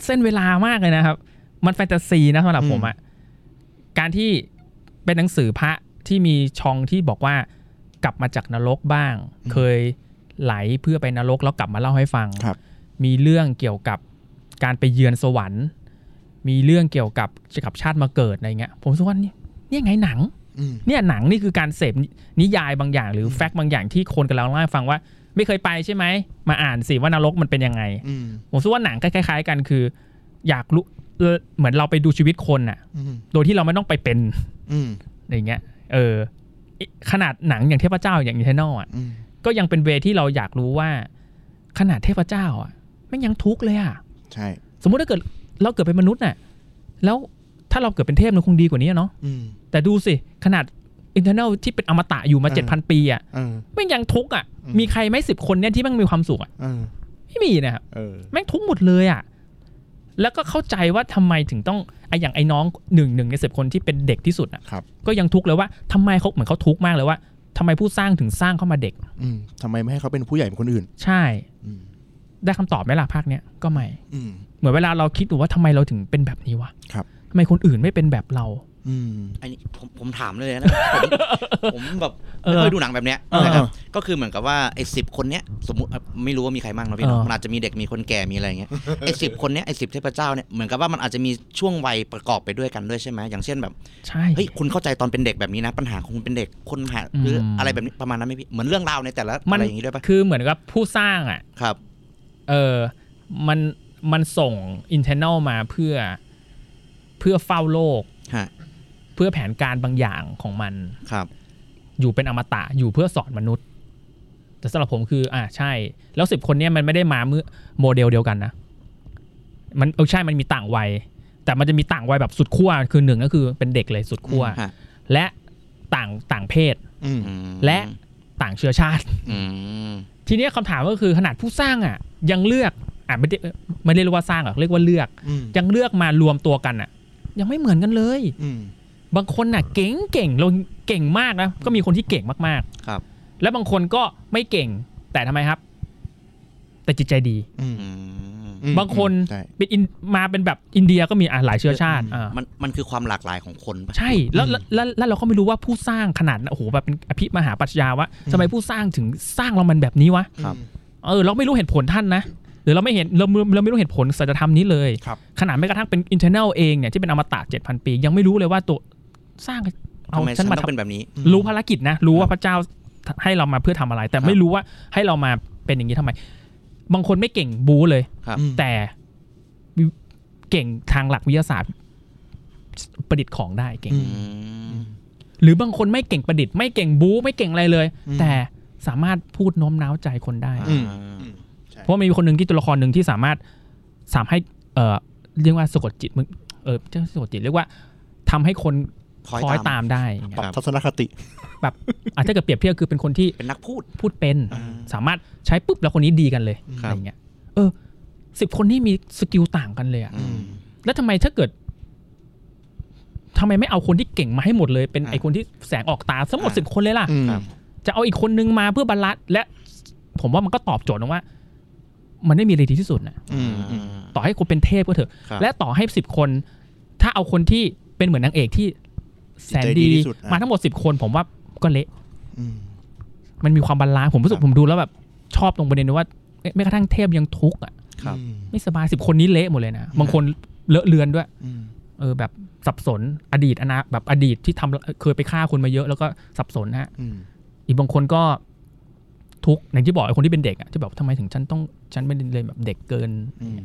Speaker 2: เส้นเวลามากเลยนะครับ มันแฟนตาซีนะสำหรับ
Speaker 6: อืม
Speaker 2: ผมอะการที่เป็นหนังสือพระที่มีชองที่บอกว่ากลับมาจากนรกบ้าง เคยไหลเพื่อไปนรกแล้วกลับมาเล่าให้ฟัง
Speaker 6: ครับ
Speaker 2: มีเรื่องเกี่ยวกับการไปเยือนสวรรค์ มีเรื่องเกี่ยวกับจะกลับชาติมาเกิดอะไรเงี้ย ผมรู้สึกว่านี่เนี่ยไงหนัง
Speaker 6: อืม
Speaker 2: เนี่ยหนังนี่คือการเสพนินิยายบางอย่าง หรือแฟกต์บางอย่างที่คนกันแล้วเล่าให้ฟังว่า ไม่เคยไปใช่ไหมมาอ่านสิว่านรกมันเป็นยังไง
Speaker 6: อืม
Speaker 2: ผมคิดว่าหนังก็คล้ายๆกันคือ อยากรู้เอ่อเหมือนเราไปดูชีวิตคนน่ะ
Speaker 6: อืม
Speaker 2: โดยที่เราไม่ต้องไปเป็น
Speaker 6: อืม
Speaker 2: อะไรอย่างเงี้ย เออขนาดหนังอย่างเทพเจ้าอย่างอินเทนอลอ่ะ
Speaker 6: อืม
Speaker 2: ก็ยังเป็นเวย์ที่เราอยากรู้ว่า ขนาดเทพเจ้าอ่ะแม่งยังทุกข์เลยอ่ะ
Speaker 3: ใช่
Speaker 2: สมมุติถ้าเกิดเราเกิดเป็นมนุษย์น่ะ แล้วถ้าเราเกิดเป็นเทพมันคงดีกว่านี้อะเนาะ
Speaker 3: อืม
Speaker 2: แต่ดูสิ ขนาดอินเทอร์เนลที่เป็นอมตะอยู่มา
Speaker 3: เออ
Speaker 2: 7,000 ปีอ่ะ
Speaker 3: เออ
Speaker 2: แม่งยังทุกข์อ่ะ
Speaker 3: อืม
Speaker 2: มีใครไหม่สิบคนเนี่ยที่แม่งมีความสุขอ่ะ
Speaker 3: เออ
Speaker 2: ไม่มีนะครับ
Speaker 3: เออ
Speaker 2: แม่งทุกข์หมดเลยอ่ะ แล้วก็เข้าใจว่าทำไมถึงต้องไออย่างไอ้น้องหนึ่งหนึ่งในสิบคนที่เป็นเด็กที่สุดอ่ะ
Speaker 3: ครับ
Speaker 2: ก็ยังทุกข์เลยว่าทำไมเขาเหมือนเขาทุกข์มากเลยว่าทำไมผู้สร้างถึงสร้างเข้ามาเด็ก
Speaker 3: อืมทำไมไม่ให้เขาเป็นผู้ใหญ่เหมือนคนอื่น
Speaker 2: ใช่
Speaker 3: อืม
Speaker 2: ได้คำตอบไหมล่ะภาคเนี้ยก็ไม่
Speaker 3: อืม
Speaker 2: เหมือนเวลาเราคิดดูว่าทำไมเราถึงเป็นแบบนี้วะ
Speaker 3: ครับ
Speaker 2: ทำไมคนอื่นไม่เป็นแบบเรา
Speaker 3: อืม
Speaker 4: อันนี้ผมผมถามเลยนะ ผมผมแบบไม่เคยดูหนังแบบเนี้ย
Speaker 2: เออ
Speaker 4: นะครับก็คือเหมือนกับว่าไอ้สิบคนเนี้ยสมมติอ่ะไม่รู้ว่ามีใครบ้างเนาะพี่เนาะ
Speaker 2: เออ
Speaker 4: มันอาจจะมีเด็กมีคนแก่มีอะไรอย่างเงี้ยไอ้สิบคนเนี้ยไอ้สิบเทพเจ้าเนี่ยเหมือนกับว่ามันอาจจะมีช่วงวัยประกอบไปด้วยกันด้วยใช่ไหมอย่างเช่นแบบ
Speaker 2: ใช่
Speaker 4: เฮ้ยคุณเข้าใจตอนเป็นเด็กแบบนี้นะ ปัญหาของคุณเป็นเด็กคนหา
Speaker 2: อืม
Speaker 4: หรืออะไรแบบนี้ประมาณนั้นไหมพี่เหมือนเรื่องราวในแต่ละ
Speaker 2: มั
Speaker 4: อะไรอย่างนี้ด้วยปะ
Speaker 2: คือเหมือนกับผู้สร้างอ่ะ
Speaker 4: ครับ
Speaker 2: เออ มัน มันส่ง internal มาเพื่อ เพื่อเฝ้าโลก
Speaker 4: ฮะ
Speaker 2: เพื่อแผนการบางอย่างของมัน
Speaker 4: ครับ
Speaker 2: อยู่เป็นอมตะ อยู่เพื่อสอนมนุษย์ แต่สำหรับผมคือ อ่า ใช่ แล้วสิบคนเนี้ยมันไม่ได้มาเมื่อโมเดลเดียวกันนะ มันเออใช่ มันมีต่างวัย แต่มันจะมีต่างวัยแบบสุดขั้ว คือหนึ่งก็คือเป็นเด็กเลยสุดขั้ว
Speaker 4: ฮะ
Speaker 2: และต่าง ต่างเพศ
Speaker 3: อืม
Speaker 4: อืม
Speaker 2: และต่างเชื้อชาติ
Speaker 4: อืม
Speaker 2: ทีเนี้ยคำถามก็คือขนาดผู้สร้างอ่ะ ยังเลือกอ่ะไม่ได้ไม่ได้เรียกว่าสร้างหรอกเรียกว่าเลือก
Speaker 3: อืม
Speaker 2: ยังเลือกมารวมตัวกันอ่ะ ยังไม่เหมือนกันเลย
Speaker 3: อืม
Speaker 2: บางคนน่ะ เก่งเก่งลงเก่งมากนะก็มีคนที่เก่งมาก
Speaker 4: ครับ
Speaker 2: ๆ แล้วบางคนก็ไม่เก่งแต่ทำไมครับ แต่จิตใจดี
Speaker 3: อืม
Speaker 4: อืม
Speaker 3: อืม
Speaker 2: บางคน
Speaker 3: ใช่
Speaker 2: เป็นอินมาเป็นแบบอินเดียก็มีอ่ะหลายเชื้อชาติอ่า
Speaker 4: มันมันคือความหลากหลายของคนปะ
Speaker 2: ใช่แล้วแล้วแล้วแล้วเราก็ไม่รู้ว่าผู้สร้างขนาดนั้นโอ้โหแบบเป็นอภิมหาปรัชญาว่าทำไมผู้สร้างถึงสร้างเรามันแบบนี้วะ
Speaker 3: ครับ
Speaker 2: เออเราไม่รู้เหตุผลท่านนะหรือเราไม่เห็นเราเราไม่รู้เหตุผลสัจธรรมนี้เลย
Speaker 3: ครับ
Speaker 2: ขนาดแม้กระทั่งเป็น internal เองเนี่ยที่เป็นอมตะ7,000 ปี ยังไม่รู้เลยว่าตัวสร้างเอา
Speaker 4: ทำไมฉั
Speaker 2: ฉั
Speaker 4: น
Speaker 2: นมา
Speaker 4: ต้อง
Speaker 2: ทำ
Speaker 4: เป็นแบบนี้
Speaker 2: รู้ภารกิจนะ รู้ว่าพระเจ้าให้เรามาเพื่อทำอะไร แต่
Speaker 4: ครับ
Speaker 2: ไม่รู้ว่าให้เรามาเป็นอย่างนี้ทำไม บางคนไม่เก่งบูเลย
Speaker 4: ครับ
Speaker 3: อืม
Speaker 2: แต่เก่งทางหลักวิทยาศาสตร์ ประดิษฐ์ของได้เก่ง
Speaker 3: อื
Speaker 4: อื
Speaker 3: ม
Speaker 4: ม
Speaker 2: หรือบางคนไม่เก่งประดิษฐ์ไม่เก่งบูไม่เก่งอะไรเลย
Speaker 3: อืม
Speaker 2: แต่สามารถพูดโน้มน้าวใจคนได้
Speaker 4: อืม
Speaker 2: เพราะมีคนหนึ่งที่ตัวละครหนึ่งที่สามารถสามารถให้เอ่อเรียกว่าสะกดจิตมึงเออเจ้าสะกดจิตเรียกว่าทำให้คน
Speaker 4: คอย
Speaker 2: คอย
Speaker 4: ตาม
Speaker 2: ตามได้อย่าง
Speaker 4: ค
Speaker 2: เงี้
Speaker 4: รั
Speaker 2: ย
Speaker 4: บ
Speaker 3: ทัศนคติ
Speaker 2: อาจจะถ้าเกิดเปรียบเทียบคือเป็นคนที่
Speaker 4: เป็นนักพูด
Speaker 2: พูดเป็น
Speaker 3: อ่า
Speaker 2: สามารถใช้ปุ๊บแล้วคนนี้ดีกันเลย
Speaker 4: ครั
Speaker 2: อะ
Speaker 4: บ
Speaker 2: ไรอย่างเงี้ยเออสิบคนนี่มีสกิลต่างกันเลยอะ
Speaker 4: อืม
Speaker 2: แล้วทำไมถ้าเกิดทำไมไม่เอาคนที่เก่งมาให้หมดเลย เป็น
Speaker 4: อ่า
Speaker 2: ไอคนที่แสงออกตาทั้งหมด
Speaker 4: อ่า
Speaker 2: สิบคนเลยล่ะ
Speaker 3: อืม
Speaker 4: ครับ
Speaker 2: จะเอาอีกคนนึงมาเพื่อบรรลัดและผมว่ามันก็ตอบโจทย์นะว่า มันไม่มีอะไรดีที่สุดนะ
Speaker 3: อืมอืม
Speaker 2: ต่อให้คุณเป็นเทพก็เถอะ
Speaker 4: ครับ
Speaker 2: และต่อให้สิบคน ถ้าเอาคนที่เป็นเหมือนนางเอกที่แสน
Speaker 3: จิตใจดี
Speaker 2: ดี
Speaker 3: ที่สุดอ่ะ
Speaker 2: มาทั้งหมดสิบคน ผมว่าก็เละ
Speaker 3: อืม
Speaker 2: มันมีความบาลานซ์ผมรู้สึก
Speaker 3: ครับ
Speaker 2: ผมดูแล้วแบบชอบตรงประเด็นที่ว่าเอ๊ะแม้กระทั่งเทพยังทุกข์อ่ะ
Speaker 4: ครับ
Speaker 3: อืม
Speaker 2: ไม่สบายสิบคนนี้เละหมดเลยนะ บางคนเลอะเลือนด้วย
Speaker 3: อืม
Speaker 2: เออแบบสับสนอดีตอนาแบบอดีตที่ทำเคยไปฆ่าคนมาเยอะแล้วก็สับสนนะฮะ
Speaker 3: อืม
Speaker 2: อีกบางคนก็ทุกข์อย่างที่บอกไอ้คนที่เป็นเด็กอ่ะที่แบบทำไมถึงฉันต้องฉันไม่ได้เลยนแบบเด็กเกิน
Speaker 3: อืม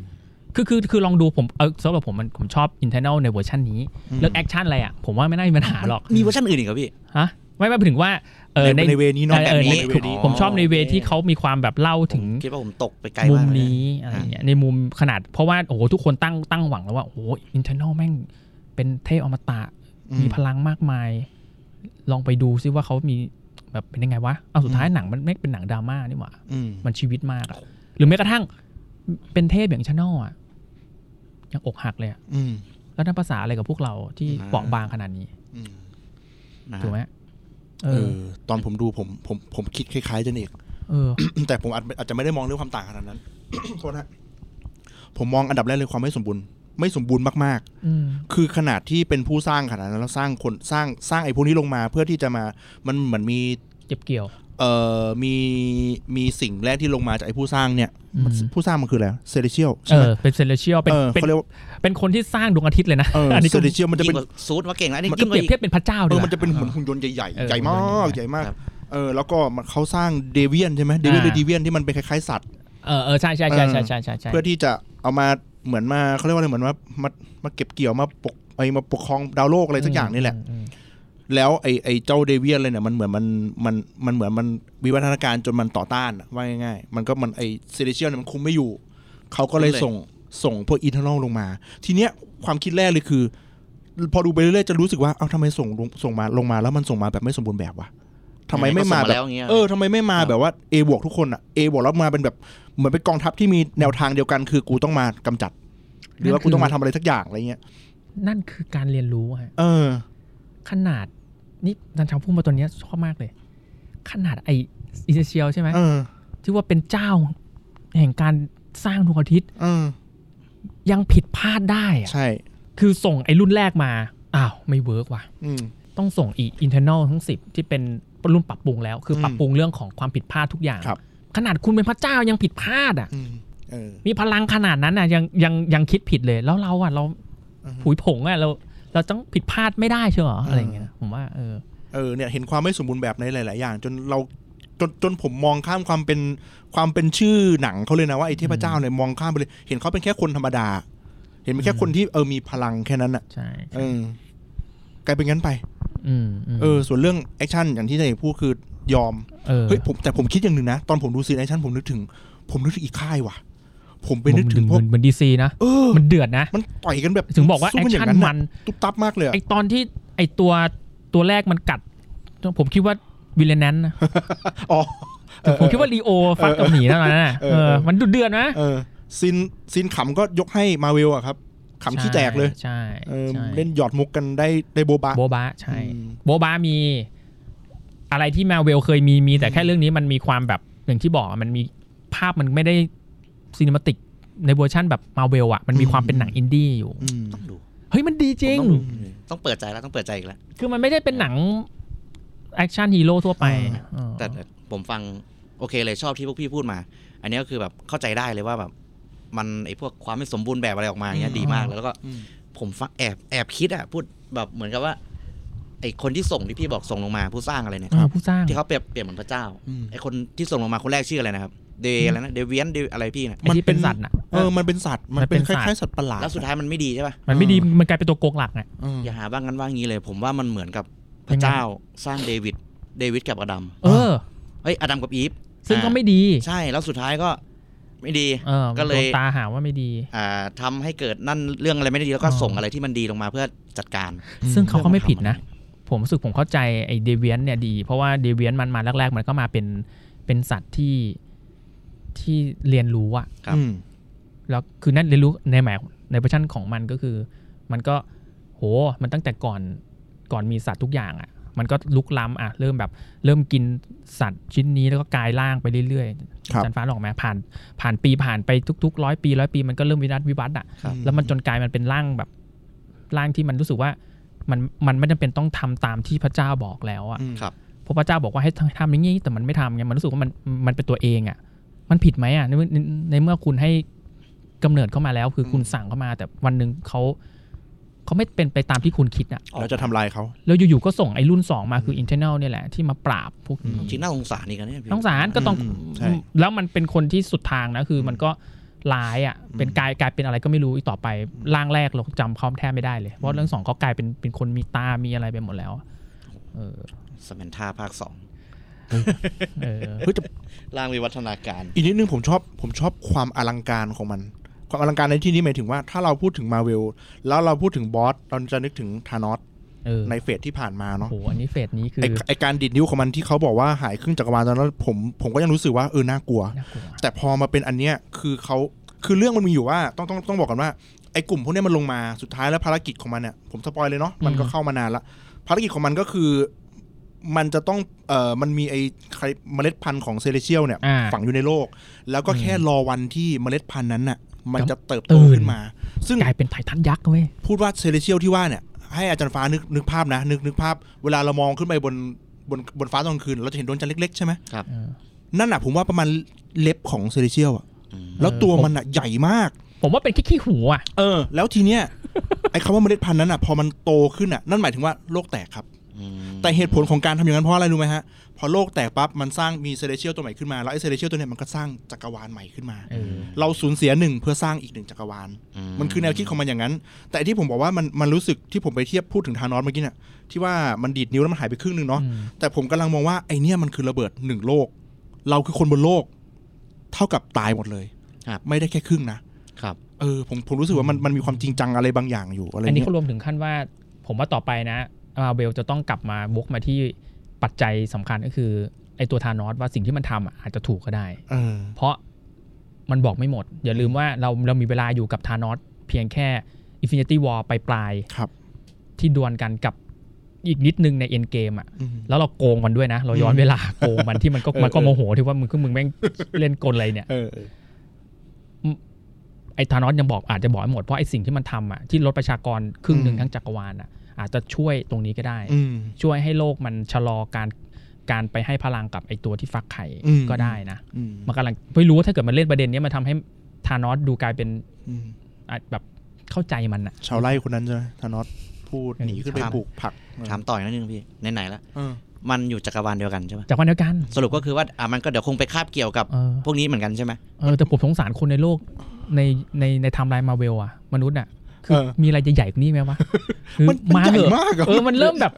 Speaker 2: คือคือคือลองดูผมเออสำหรับผมมันผมชอบ internal ในเวอร์ชันนี้
Speaker 3: อืม
Speaker 2: เรื่องแอคชั่นอะไรอ่ะ ผมว่าไม่น่ามีปัญหาหรอก
Speaker 4: มีเวอร์ชันอื่นอีกเหรอพี่
Speaker 2: ฮะไม่ไม่ถึงว่าเออ
Speaker 3: ในในเวนี้เนาะ
Speaker 2: เออเออ
Speaker 4: แบบนี้
Speaker 2: ในผม
Speaker 4: อ๋อ
Speaker 2: ผมชอบในเว
Speaker 4: โอเค
Speaker 2: ที่เขามีความแบบเล่าถึง
Speaker 4: ผมคิดว่าผมตกไปไกล
Speaker 2: มุม
Speaker 4: มากเลย
Speaker 2: นี้อะไรอย่างเงี้ยในมุมขนาดเพราะว่าโอ้โหทุกคนตั้งตั้งหวังแล้วว่าโอ้ internal แม่งเป็นเทพอมตะ มีพลังมากมาย ลองไปดูซิว่าเขามีแบบเป็นยังไงวะเอาสุดท้ายหนังมันไม่เป็นหนังดราม่านี่หว่า
Speaker 3: อืม
Speaker 2: มันชีวิตมากอะหรือแม้กระทั่งเป็นเทพอย่างชานอลอ่ะยังอกหักเลยอะ
Speaker 3: อืม
Speaker 2: แล้วนั่นภาษาอะไรกับพวกเราที่เปราะบางขนาดนี้
Speaker 3: อืม
Speaker 4: นะ
Speaker 2: ถูกไหมเอ
Speaker 3: เอ
Speaker 2: อ
Speaker 3: อ ตอนผมดูผมผมผมคิดคล้ายๆจันเอก
Speaker 2: เออ
Speaker 3: แต่ผมอาจอาจจะไม่ได้มองเรื่องความต่างขนาดนั้น โทษนะผมมองอันดับแรกเลยความไม่สมบูรณ์ ไม่สมบูรณ์มาก
Speaker 2: อืม
Speaker 3: ๆ คือขนาดที่เป็นผู้สร้างขนาดนั้นแล้วสร้างคนสร้างสร้างไอ้พวกนี้ลงมาเพื่อที่จะมามันเหมือนมี
Speaker 2: เก็บเกี่ยว
Speaker 3: เอ่อมีมีสิ่งแรกที่ลงมาจากไอ้ผู้สร้างเนี่ยมัน
Speaker 2: อืม
Speaker 3: ผู้สร้างมันคืออะไรเซเลเชียล
Speaker 2: เอ
Speaker 3: ใช่ไหม
Speaker 2: อเป็นเซเลเชียลเป็น
Speaker 3: เออ
Speaker 2: เป็น
Speaker 3: เขาเรียกว่า
Speaker 2: เป็นคนที่สร้างดวงอาทิตย์เลยนะ
Speaker 3: เออ
Speaker 2: อันนี้
Speaker 3: เซ
Speaker 2: ก็
Speaker 3: เลเชียลมันจะ
Speaker 4: ยิ่
Speaker 3: เป็น
Speaker 4: งกว่าซูดว่าเก่งแล้วอันนี่
Speaker 2: มันก็
Speaker 4: ยิ่
Speaker 2: เป
Speaker 4: งก
Speaker 2: รีบ
Speaker 4: ว่ายอีก
Speaker 2: เทียบเป็นพระเจ้า
Speaker 3: เอ
Speaker 2: ดี
Speaker 3: อก
Speaker 2: ว่า
Speaker 3: มันจะเป็นหุ่นหุ่นยนต์ใหญ่
Speaker 2: เออ
Speaker 3: ๆ ใหญ่มา
Speaker 2: หุ่นยน
Speaker 3: ก
Speaker 2: ต์ใหญ่
Speaker 3: ใหญ่มาก
Speaker 4: ครับ
Speaker 3: เออแล้วก็มันเขาสร้างเดเวียนใช่ไหมเดเวียน
Speaker 2: อ่า
Speaker 3: หรือดีเวียนที่มันเป็นคล้ายๆสัตว์
Speaker 2: เออเออใช่ใช่ใช่ใช่ใช่ใช่ใช่
Speaker 3: เพื่อที่จะเอามาเหมือนมาเขาเรียกว่าอะไรเหมือนมามามาเก็บเกี่ยวมาปกไอ้มาปกครองดาวโลกอะไรสักอย่างนี่แหละ
Speaker 2: มม
Speaker 3: แล้วไอ้ไอ้เจ้าเดเวียนเลยเนี่ยมันเหมือนมันมันมันเหมือนมันวิวัฒนาการจนมันต่อต้านอะว่าง่ายๆ มันก็มันไอ้เซเลเชียลเนี่ยมันคุมไม่อยู่ เขาก็เลย
Speaker 4: เลย
Speaker 3: ส่งส่งพวกอินเทอร์นอลลงมา ทีเนี้ยความคิดแรกเลยคือ พอดูไปเรื่อยๆจะรู้สึกว่าเอ้าทำไมส่งลงส่งมาลงมาแล้วมันส่งมาแบบไม่สมบูรณ์แบบวะทำไมไม่มา
Speaker 4: ส่ง
Speaker 3: แบบ
Speaker 4: แล้วย่งงี้ย
Speaker 3: เออทำไมไม่มา
Speaker 4: ครับ
Speaker 3: แบบว่า A บวกทุกคนอ่ะ A บวกแล้วมาเป็นแบบเหมือนเป็นกองทัพที่มีแนวทางเดียวกันคือกูต้องมากำจัด หรือว่ากูต้องมาทำอะไรสักอย่างอะไรเงี้ย
Speaker 2: นั่นคือการเรียนรู้อะฮะ
Speaker 3: เออ
Speaker 2: ขนาดนี่นันชาวพูดมาตัวเนี้ยชอบมากเลย ขนาดไออิเชียลใช่ไหม
Speaker 3: เออ
Speaker 2: ที่ว่าเป็นเจ้า แห่งการสร้างดวงอาทิตย์
Speaker 3: เออ
Speaker 2: ยังผิดพลาดได้อะ
Speaker 3: ใช่
Speaker 2: คือส่งไอรุ่นแรกมา อ้าว ไม่เวิร์กว่ะ
Speaker 3: อืม
Speaker 2: ต้องส่งอีกอินเทอร์นอลทั้ง 10 ที่เป็นรุ่นปรับปรุงแล้ว คืออ
Speaker 3: ม
Speaker 2: ปรับปรุงเรื่องของความผิดพลาดทุกอย่าง
Speaker 3: ครับ
Speaker 2: ขนาดคุณเป็นพระเจ้ายังผิดพลาดอ่ะ
Speaker 3: อืมเออ
Speaker 2: มีพลังขนาดนั้นอ่ะยังยังยังคิดผิดเลย แล้วเราอ่ะเรา
Speaker 3: อือฮึ
Speaker 2: ผุยผงอ่ะเราเราต้องผิดพลาดไม่ได้เชียวเหรออะไรอย่างเงี้ยนะผมว่าเออ
Speaker 3: เออเนี่ยเห็นความไม่สมบูรณ์แบบในหลาย ๆ อย่าง จนเราจนจนผมมองข้ามความเป็นความเป็นชื่อหนังเขาเลยนะว่าไอ้เทพเจ้าเนี่ยมองข้ามไปเลย เห็นเขาเป็นแค่คนธรรมดา เห็นเป็นแค่คนที่เออมีพลังแค่นั้นอ่ะ
Speaker 2: ใช่
Speaker 3: เออ กลายเป็นงั้นไป
Speaker 2: อืมม
Speaker 3: เออ ส่วนเรื่องแอคชั่นอย่างที่นายเอกพูดคือยอม
Speaker 2: เออ
Speaker 3: เฮ้ยผมแต่ผมคิดอย่างหนึ่งนะ ตอนผมดูซีนแอคชั่นผมนึกถึง ผมนึกถึงอีกค่ายว่ะ ผมไปนึกถึงพ
Speaker 2: เห
Speaker 3: ว
Speaker 2: มื
Speaker 3: ก
Speaker 2: อนเหมือนดีซีนะ
Speaker 3: เออ
Speaker 2: มันเดือดนะ
Speaker 3: มันต่อยกันแบบ
Speaker 2: ถึงบอกว่า
Speaker 3: สู้
Speaker 2: แอค
Speaker 3: กันอย่า
Speaker 2: ชั่
Speaker 3: ง
Speaker 2: นมั
Speaker 3: นั้นน่ะ
Speaker 2: น
Speaker 3: ตุ๊บตับมากเลยอะ
Speaker 2: ไอตอนที่ไอตัวตัวแรกมันกัด ผมคิดว่าวิลเลนแนนนะ
Speaker 3: อ๋อ
Speaker 2: ถึงผมคิดว่าลีโอฟัดกับหมีแล้วนะ
Speaker 3: เอ
Speaker 2: เอ
Speaker 3: อเออ
Speaker 2: อ มันดุเดือดนะ
Speaker 3: เออซีนซีนขำก็ยกให้มาเวลอะครับขำขี้แตกเลย
Speaker 2: ใช่
Speaker 3: เออ
Speaker 2: ใช่
Speaker 3: เล่นหยอดมุกกันได้ได้โบบะ
Speaker 2: โบบะใช่
Speaker 3: อืม
Speaker 2: โบบะมี อะไรที่มาเวลเคยมีมี แต่แค่เรื่องนี้มันมีความแบบอย่างที่บอกอะมันมีภาพมันไม่ได้ซีนิมติกในเวอร์ชั่นแบบมาเวลอ่ะมันมีความเป็นหนังอินดี้อยู่
Speaker 3: อืม
Speaker 4: ต้องดู
Speaker 2: เฮ้ยมันดีจริง
Speaker 4: ผมต้องดูต้องเปิดใจแล้วต้องเปิดใจอีกแล้ว
Speaker 2: คือมันไม่ได้เป็นหนังแอคชั่นฮีโร่ทั่วไปเออ
Speaker 4: แต่แต่ผมฟังโอเคเลยชอบที่พวกพี่พูดมา อันนี้ก็คือแบบเข้าใจได้เลยว่าแบบมันไอพวกความไม่สมบูรณ์แบบอะไรออกมาอย่างเงี้ย
Speaker 3: อืม
Speaker 4: ดีมากเลยแล้วก็
Speaker 3: อืม
Speaker 4: ผมฟังแอบแอบคิดอ่ะพูดแบบเหมือนกับว่า ไอคนที่ส่งที่พี่บอกส่งลงมาผู้สร้างอะไรเนี่ย
Speaker 2: เออผู้สร้าง
Speaker 4: ที่เขาเปรียบเปรียบเหมือนพระเจ้า
Speaker 3: อืม
Speaker 4: ไอคนที่ส่งลงมาคนแรกชื่ออะไรนะครับเดย์อะไรนะเดเวียนเดอะไรพี่นะ
Speaker 2: ไอ้ที่เป็นสัตว์น่ะ
Speaker 3: เออมันเป็นสัตว์มันเป็นค
Speaker 2: มันเป็นสัตว์
Speaker 3: ล้ายๆสัตว์ประหลาด
Speaker 4: แล้วสุดท้ายมันไม่ดีใช่ป่ะ
Speaker 2: มันไม่ดีมันกลายเป็นตัวโกงหลักไง
Speaker 3: เออ
Speaker 4: อย่าหาว่างั้นว่างี้เลย ผมว่ามันเหมือนกับพระเจ้าสร้างเดวิดเดวิดกับอดัม
Speaker 2: เออ
Speaker 4: เอ้ยอดัมกับอีฟ
Speaker 2: ซึ่งก็ไม่ดี
Speaker 4: ใช่แล้วสุดท้ายก็ไม่ดี
Speaker 2: เออ
Speaker 4: ก็เลย
Speaker 2: โดนตาหาว่าไม่ดี
Speaker 4: อ่าทำาให้เกิดนั่นเรื่องอะไรไม่ดีแล้วก็
Speaker 2: อ๋อ
Speaker 4: ส่งอะไรที่มันดีลงมาเพื่อจัดการ
Speaker 2: ซึ่งเขาก็ไม่ผิดนะ ผมรู้สึกผมเข้าใจไอ้เดเวียนเนี่ยดี เพราะว่าเดเวียนมันมาแรก ๆ มันก็มาเป็นเป็นสัตว์ที่ที่เรียนรู้อะ
Speaker 4: ครับ
Speaker 3: อืม
Speaker 2: แล้วคือนั่นเรียนรู้ในหมายในเวอร์ชันของมันก็คือ มันก็โหมันตั้งแต่ก่อนก่อนมีสัตว์ทุกอย่างอะมันก็ลุกล้ำอะเริ่มแบบเริ่มกินสัตว์ชิ้นนี้แล้วก็กลายร่างไปเรื่อย
Speaker 3: ครั
Speaker 2: ๆ
Speaker 3: บ
Speaker 2: จันฟ้าหลอกไหมผ่านผ่านปีผ่านไปทุกๆร้อยปีร้อยปีมันก็เริ่มวิวัฒน์วิวัฒน์อะ
Speaker 4: ครับ
Speaker 2: แล้วมันจนกลายมันเป็นร่างแบบร่างที่มันรู้สึกว่ามันมันไม่จำเป็นต้องทำตามที่พระเจ้าบอกแล้วอะ
Speaker 3: อืม
Speaker 4: ครับ
Speaker 2: เพราะพระเจ้าบอกว่าให้ทำอย่างนี้แต่มันไม่ทำไงมันรู้สึกว่ามันมันเป็นตัวเองอะมันผิดไหมอะในเมื่อในในเมื่อคุณให้กำเนิดเข้ามาแล้ว คือคุณสั่งเข้ามา แต่วันหนึ่งเขาเขาไม่เป็นไปตามที่คุณคิดอะ
Speaker 3: เราจะทำลายเขา
Speaker 2: แล้วอยู่ๆก็ส่งไอ้รุ่นสองมาคืออินเทอร์เนลเนี่ยแหละที่มาปราบพวกนี้
Speaker 4: จริงน่าสงสารนี่กันเนี่ยพี่
Speaker 2: ต้องสารก็ต้อง
Speaker 3: มใช่
Speaker 2: แล้วมันเป็นคนที่สุดทางนะคือมันก็ร้ายอ่ะเป็นกายกลายเป็นอะไรก็ไม่รู้อีกต่อไปร่างแรกเราจำเขาแทบไม่ได้เลยเพราะเรื่องสองเขากลายเป็นเป็นคนมีตามีอะไรไปหมดแล้วอะเออ
Speaker 4: สมันทาภาคสอง
Speaker 2: เออ
Speaker 4: ร่างวิวัฒนาการ
Speaker 3: อีกนิดนึงผมชอบผมชอบความอลังการของมัน ความอลังการในที่นี้หมายถึงว่าถ้าเราพูดถึงมาเวลแล้วเราพูดถึงบอสเราจะนึกถึงธานอส
Speaker 2: เออ
Speaker 3: ในเฟสที่ผ่านมา
Speaker 2: โอ้
Speaker 3: เนาะ
Speaker 2: โหอันนี้เฟสนี้คือ
Speaker 3: ไอ้ไอการดิดนิ้วของมันที่เขาบอกว่าหายครึ่งจักรวาลตอนนั้นผมผมก็ยังรู้สึกว่าเออน่ากลัว
Speaker 2: น่ากลัว
Speaker 3: แต่พอมาเป็นอันเนี้ยคือเขาคือเรื่องมันมีอยู่ว่าต้องต้องต้องบอกกันว่าไอ้กลุ่มพวกเนี้ยมันลงมาสุดท้ายแล้วภารกิจของมันเนี่ยผมสปอยเลยเนาะมันก็เข้ามานานละภารกิจของมันก็คือ มันจะต้องเอ่อมันมีไอ้ใครเมล็ดพันธุ์ของเซเลเชียลเนี่ย
Speaker 2: อ่า
Speaker 3: ฝังอยู่ในโลก แล้วก็แค่รอวันที่เมล็ดพันธุ์นั้นน่ะ มันจะเติบโต
Speaker 2: ตื่น
Speaker 3: ขึ้นมา ซึ่ง
Speaker 2: กลายเป็นไททันยักษ์เว้ย
Speaker 3: พูดว่าเซเลเชียลที่ว่าเนี่ย ให้อาจารย์ฟ้านึกนึกภาพนะ นึกนึกภาพ เวลาเรามองขึ้นไปบนบนบนฟ้าตอนกลางคืน เราจะเห็นดวงจันทร์เล็ก ๆ ใช่ไหม
Speaker 2: เออ
Speaker 3: นั่นน่ะผมว่าประมาณเล็บของเซเลเชียลอะ
Speaker 4: อืม
Speaker 3: แล้วตัวมันอ่ะใหญ่มาก
Speaker 2: ผมว่าเป็นขี้ขี้หูอ่ะ
Speaker 3: เออ แล้วทีเนี้ย ไอ้คำว่าเมล็ดพันธุ์นั้นอ่ะ พอมันโตขึ้นอ่ะ นั่นหมายถึงว่าโลกแตกครับ
Speaker 4: อื อืม
Speaker 3: แต่เหตุผลของการทำอย่างนั้นเพราะอะไรรู้ไหมฮะ พอโลกแตกปั๊บมันสร้างมีเซเลเชียลตัวใหม่ขึ้นมา แล้วไอ้เซเลเชียลตัวเนี้ยมันก็สร้างจักรวาลใหม่ขึ้นมา
Speaker 2: เออ
Speaker 3: เราสูญเสียหนึ่งเพื่อสร้างอีกหนึ่งจักรวาล มันคือแนวคิดของมันอย่างนั้น แต่ที่ผมบอกว่ามันมันรู้สึกที่ผมไปเทียบพูดถึงธานอสเมื่อกี้เนี่ยที่ว่ามันดีดนิ้วแล้วมันหายไปครึ่งหนึ่งเนาะ
Speaker 2: อืม
Speaker 3: แต่ผมกำลังมองว่าไอเนี่ยมันคือระเบิดหนึ่งโลก เราคือคนบนโลก เท่ากับตายหมดเลย
Speaker 4: ครับ
Speaker 3: ไม่ได้แค่ครึ่งนะ
Speaker 4: ครับ
Speaker 3: เออผมผมรู้สึกว่ามันมันมีความจริงจังอะไรบางอย่างอยู่อะไร
Speaker 2: อันนี้
Speaker 3: เงี้ย
Speaker 2: เขารวมถึงขั้นว่า ผมว่าต่อไปนะมาเวลจะต้องกลับมาบวกมาที่ปัจจัยสำคัญก็คือไอตัวธานอสว่าสิ่งที่มันทำอะอาจจะถูกก็ได้
Speaker 3: เออ
Speaker 2: เพราะมันบอกไม่หมด อย่าลืมว่าเราเรามีเวลาอยู่กับธานอสเพียงแค่ Infinity War ปลายปลายๆ
Speaker 3: ครับ
Speaker 2: ที่ดวลกันกับอีกนิดนึงในเอ็นเกมอ่ะ
Speaker 3: อืม
Speaker 2: แล้วเราโกงมันด้วยนะ เราย้อนเวลา โกงมันที่มันก็
Speaker 3: เออ
Speaker 2: มันก็โมโหที่ว่ามึงคือมึงแม่งเล่นกลอะไรเนี่ย
Speaker 3: เออเออ
Speaker 2: ไอ้ธานอสยังบอกอาจจะบอกไม่หมด เพราะไอ้สิ่งที่มันทำอ่ะที่ลดประชากรครึ่งหนึ่ง
Speaker 3: อืม
Speaker 2: ทั้งจักรวาลอ่ะอาจจะช่วยตรงนี้ก็ได้
Speaker 3: อืม
Speaker 2: ช่วยให้โลกมันชะลอการการไปให้พลังกับไอ้ตัวที่ฟักไข่
Speaker 3: อืม
Speaker 2: ก็ได้นะ
Speaker 3: อืม
Speaker 2: มันกำลังไม่รู้ว่าถ้าเกิดมันเล่นประเด็นเนี้ยมันทำให้ธานอสดูกลายเป็น
Speaker 3: อืม
Speaker 2: อ่ะแบบเข้าใจมันอะ
Speaker 3: ชาวไร่คนนั้นใช่ไหมธานอสพูด
Speaker 2: เออ
Speaker 3: หนีขึ้นไป
Speaker 4: ถาม
Speaker 3: ปลูกผัก
Speaker 4: ถามต่อยนิดนึงพี่ไหนๆละ
Speaker 3: เออ
Speaker 4: มันอยู่จักรวาลเดียวกันใช่ไหม
Speaker 2: จากวันเดียวกัน
Speaker 4: สรุปก็คือว่าอ่ะมันก็เดี๋ยวคงไปคาบเกี่ยวกับ
Speaker 2: เออ
Speaker 4: พวกนี้เหมือนกันใช่ไหม
Speaker 2: เออแต่ผมสงสารคนในโลกในในในไทม์ไลน์มาเวลอะมนุษย์อะคือ
Speaker 3: เออ
Speaker 2: มีอะไรจะใหญ่กว่านี้ไหมวะ
Speaker 3: มันมัน
Speaker 2: มา
Speaker 3: ให
Speaker 2: เถ
Speaker 3: ญ่
Speaker 2: อะ
Speaker 3: มากอะ
Speaker 2: เออมันเริ่มแบบ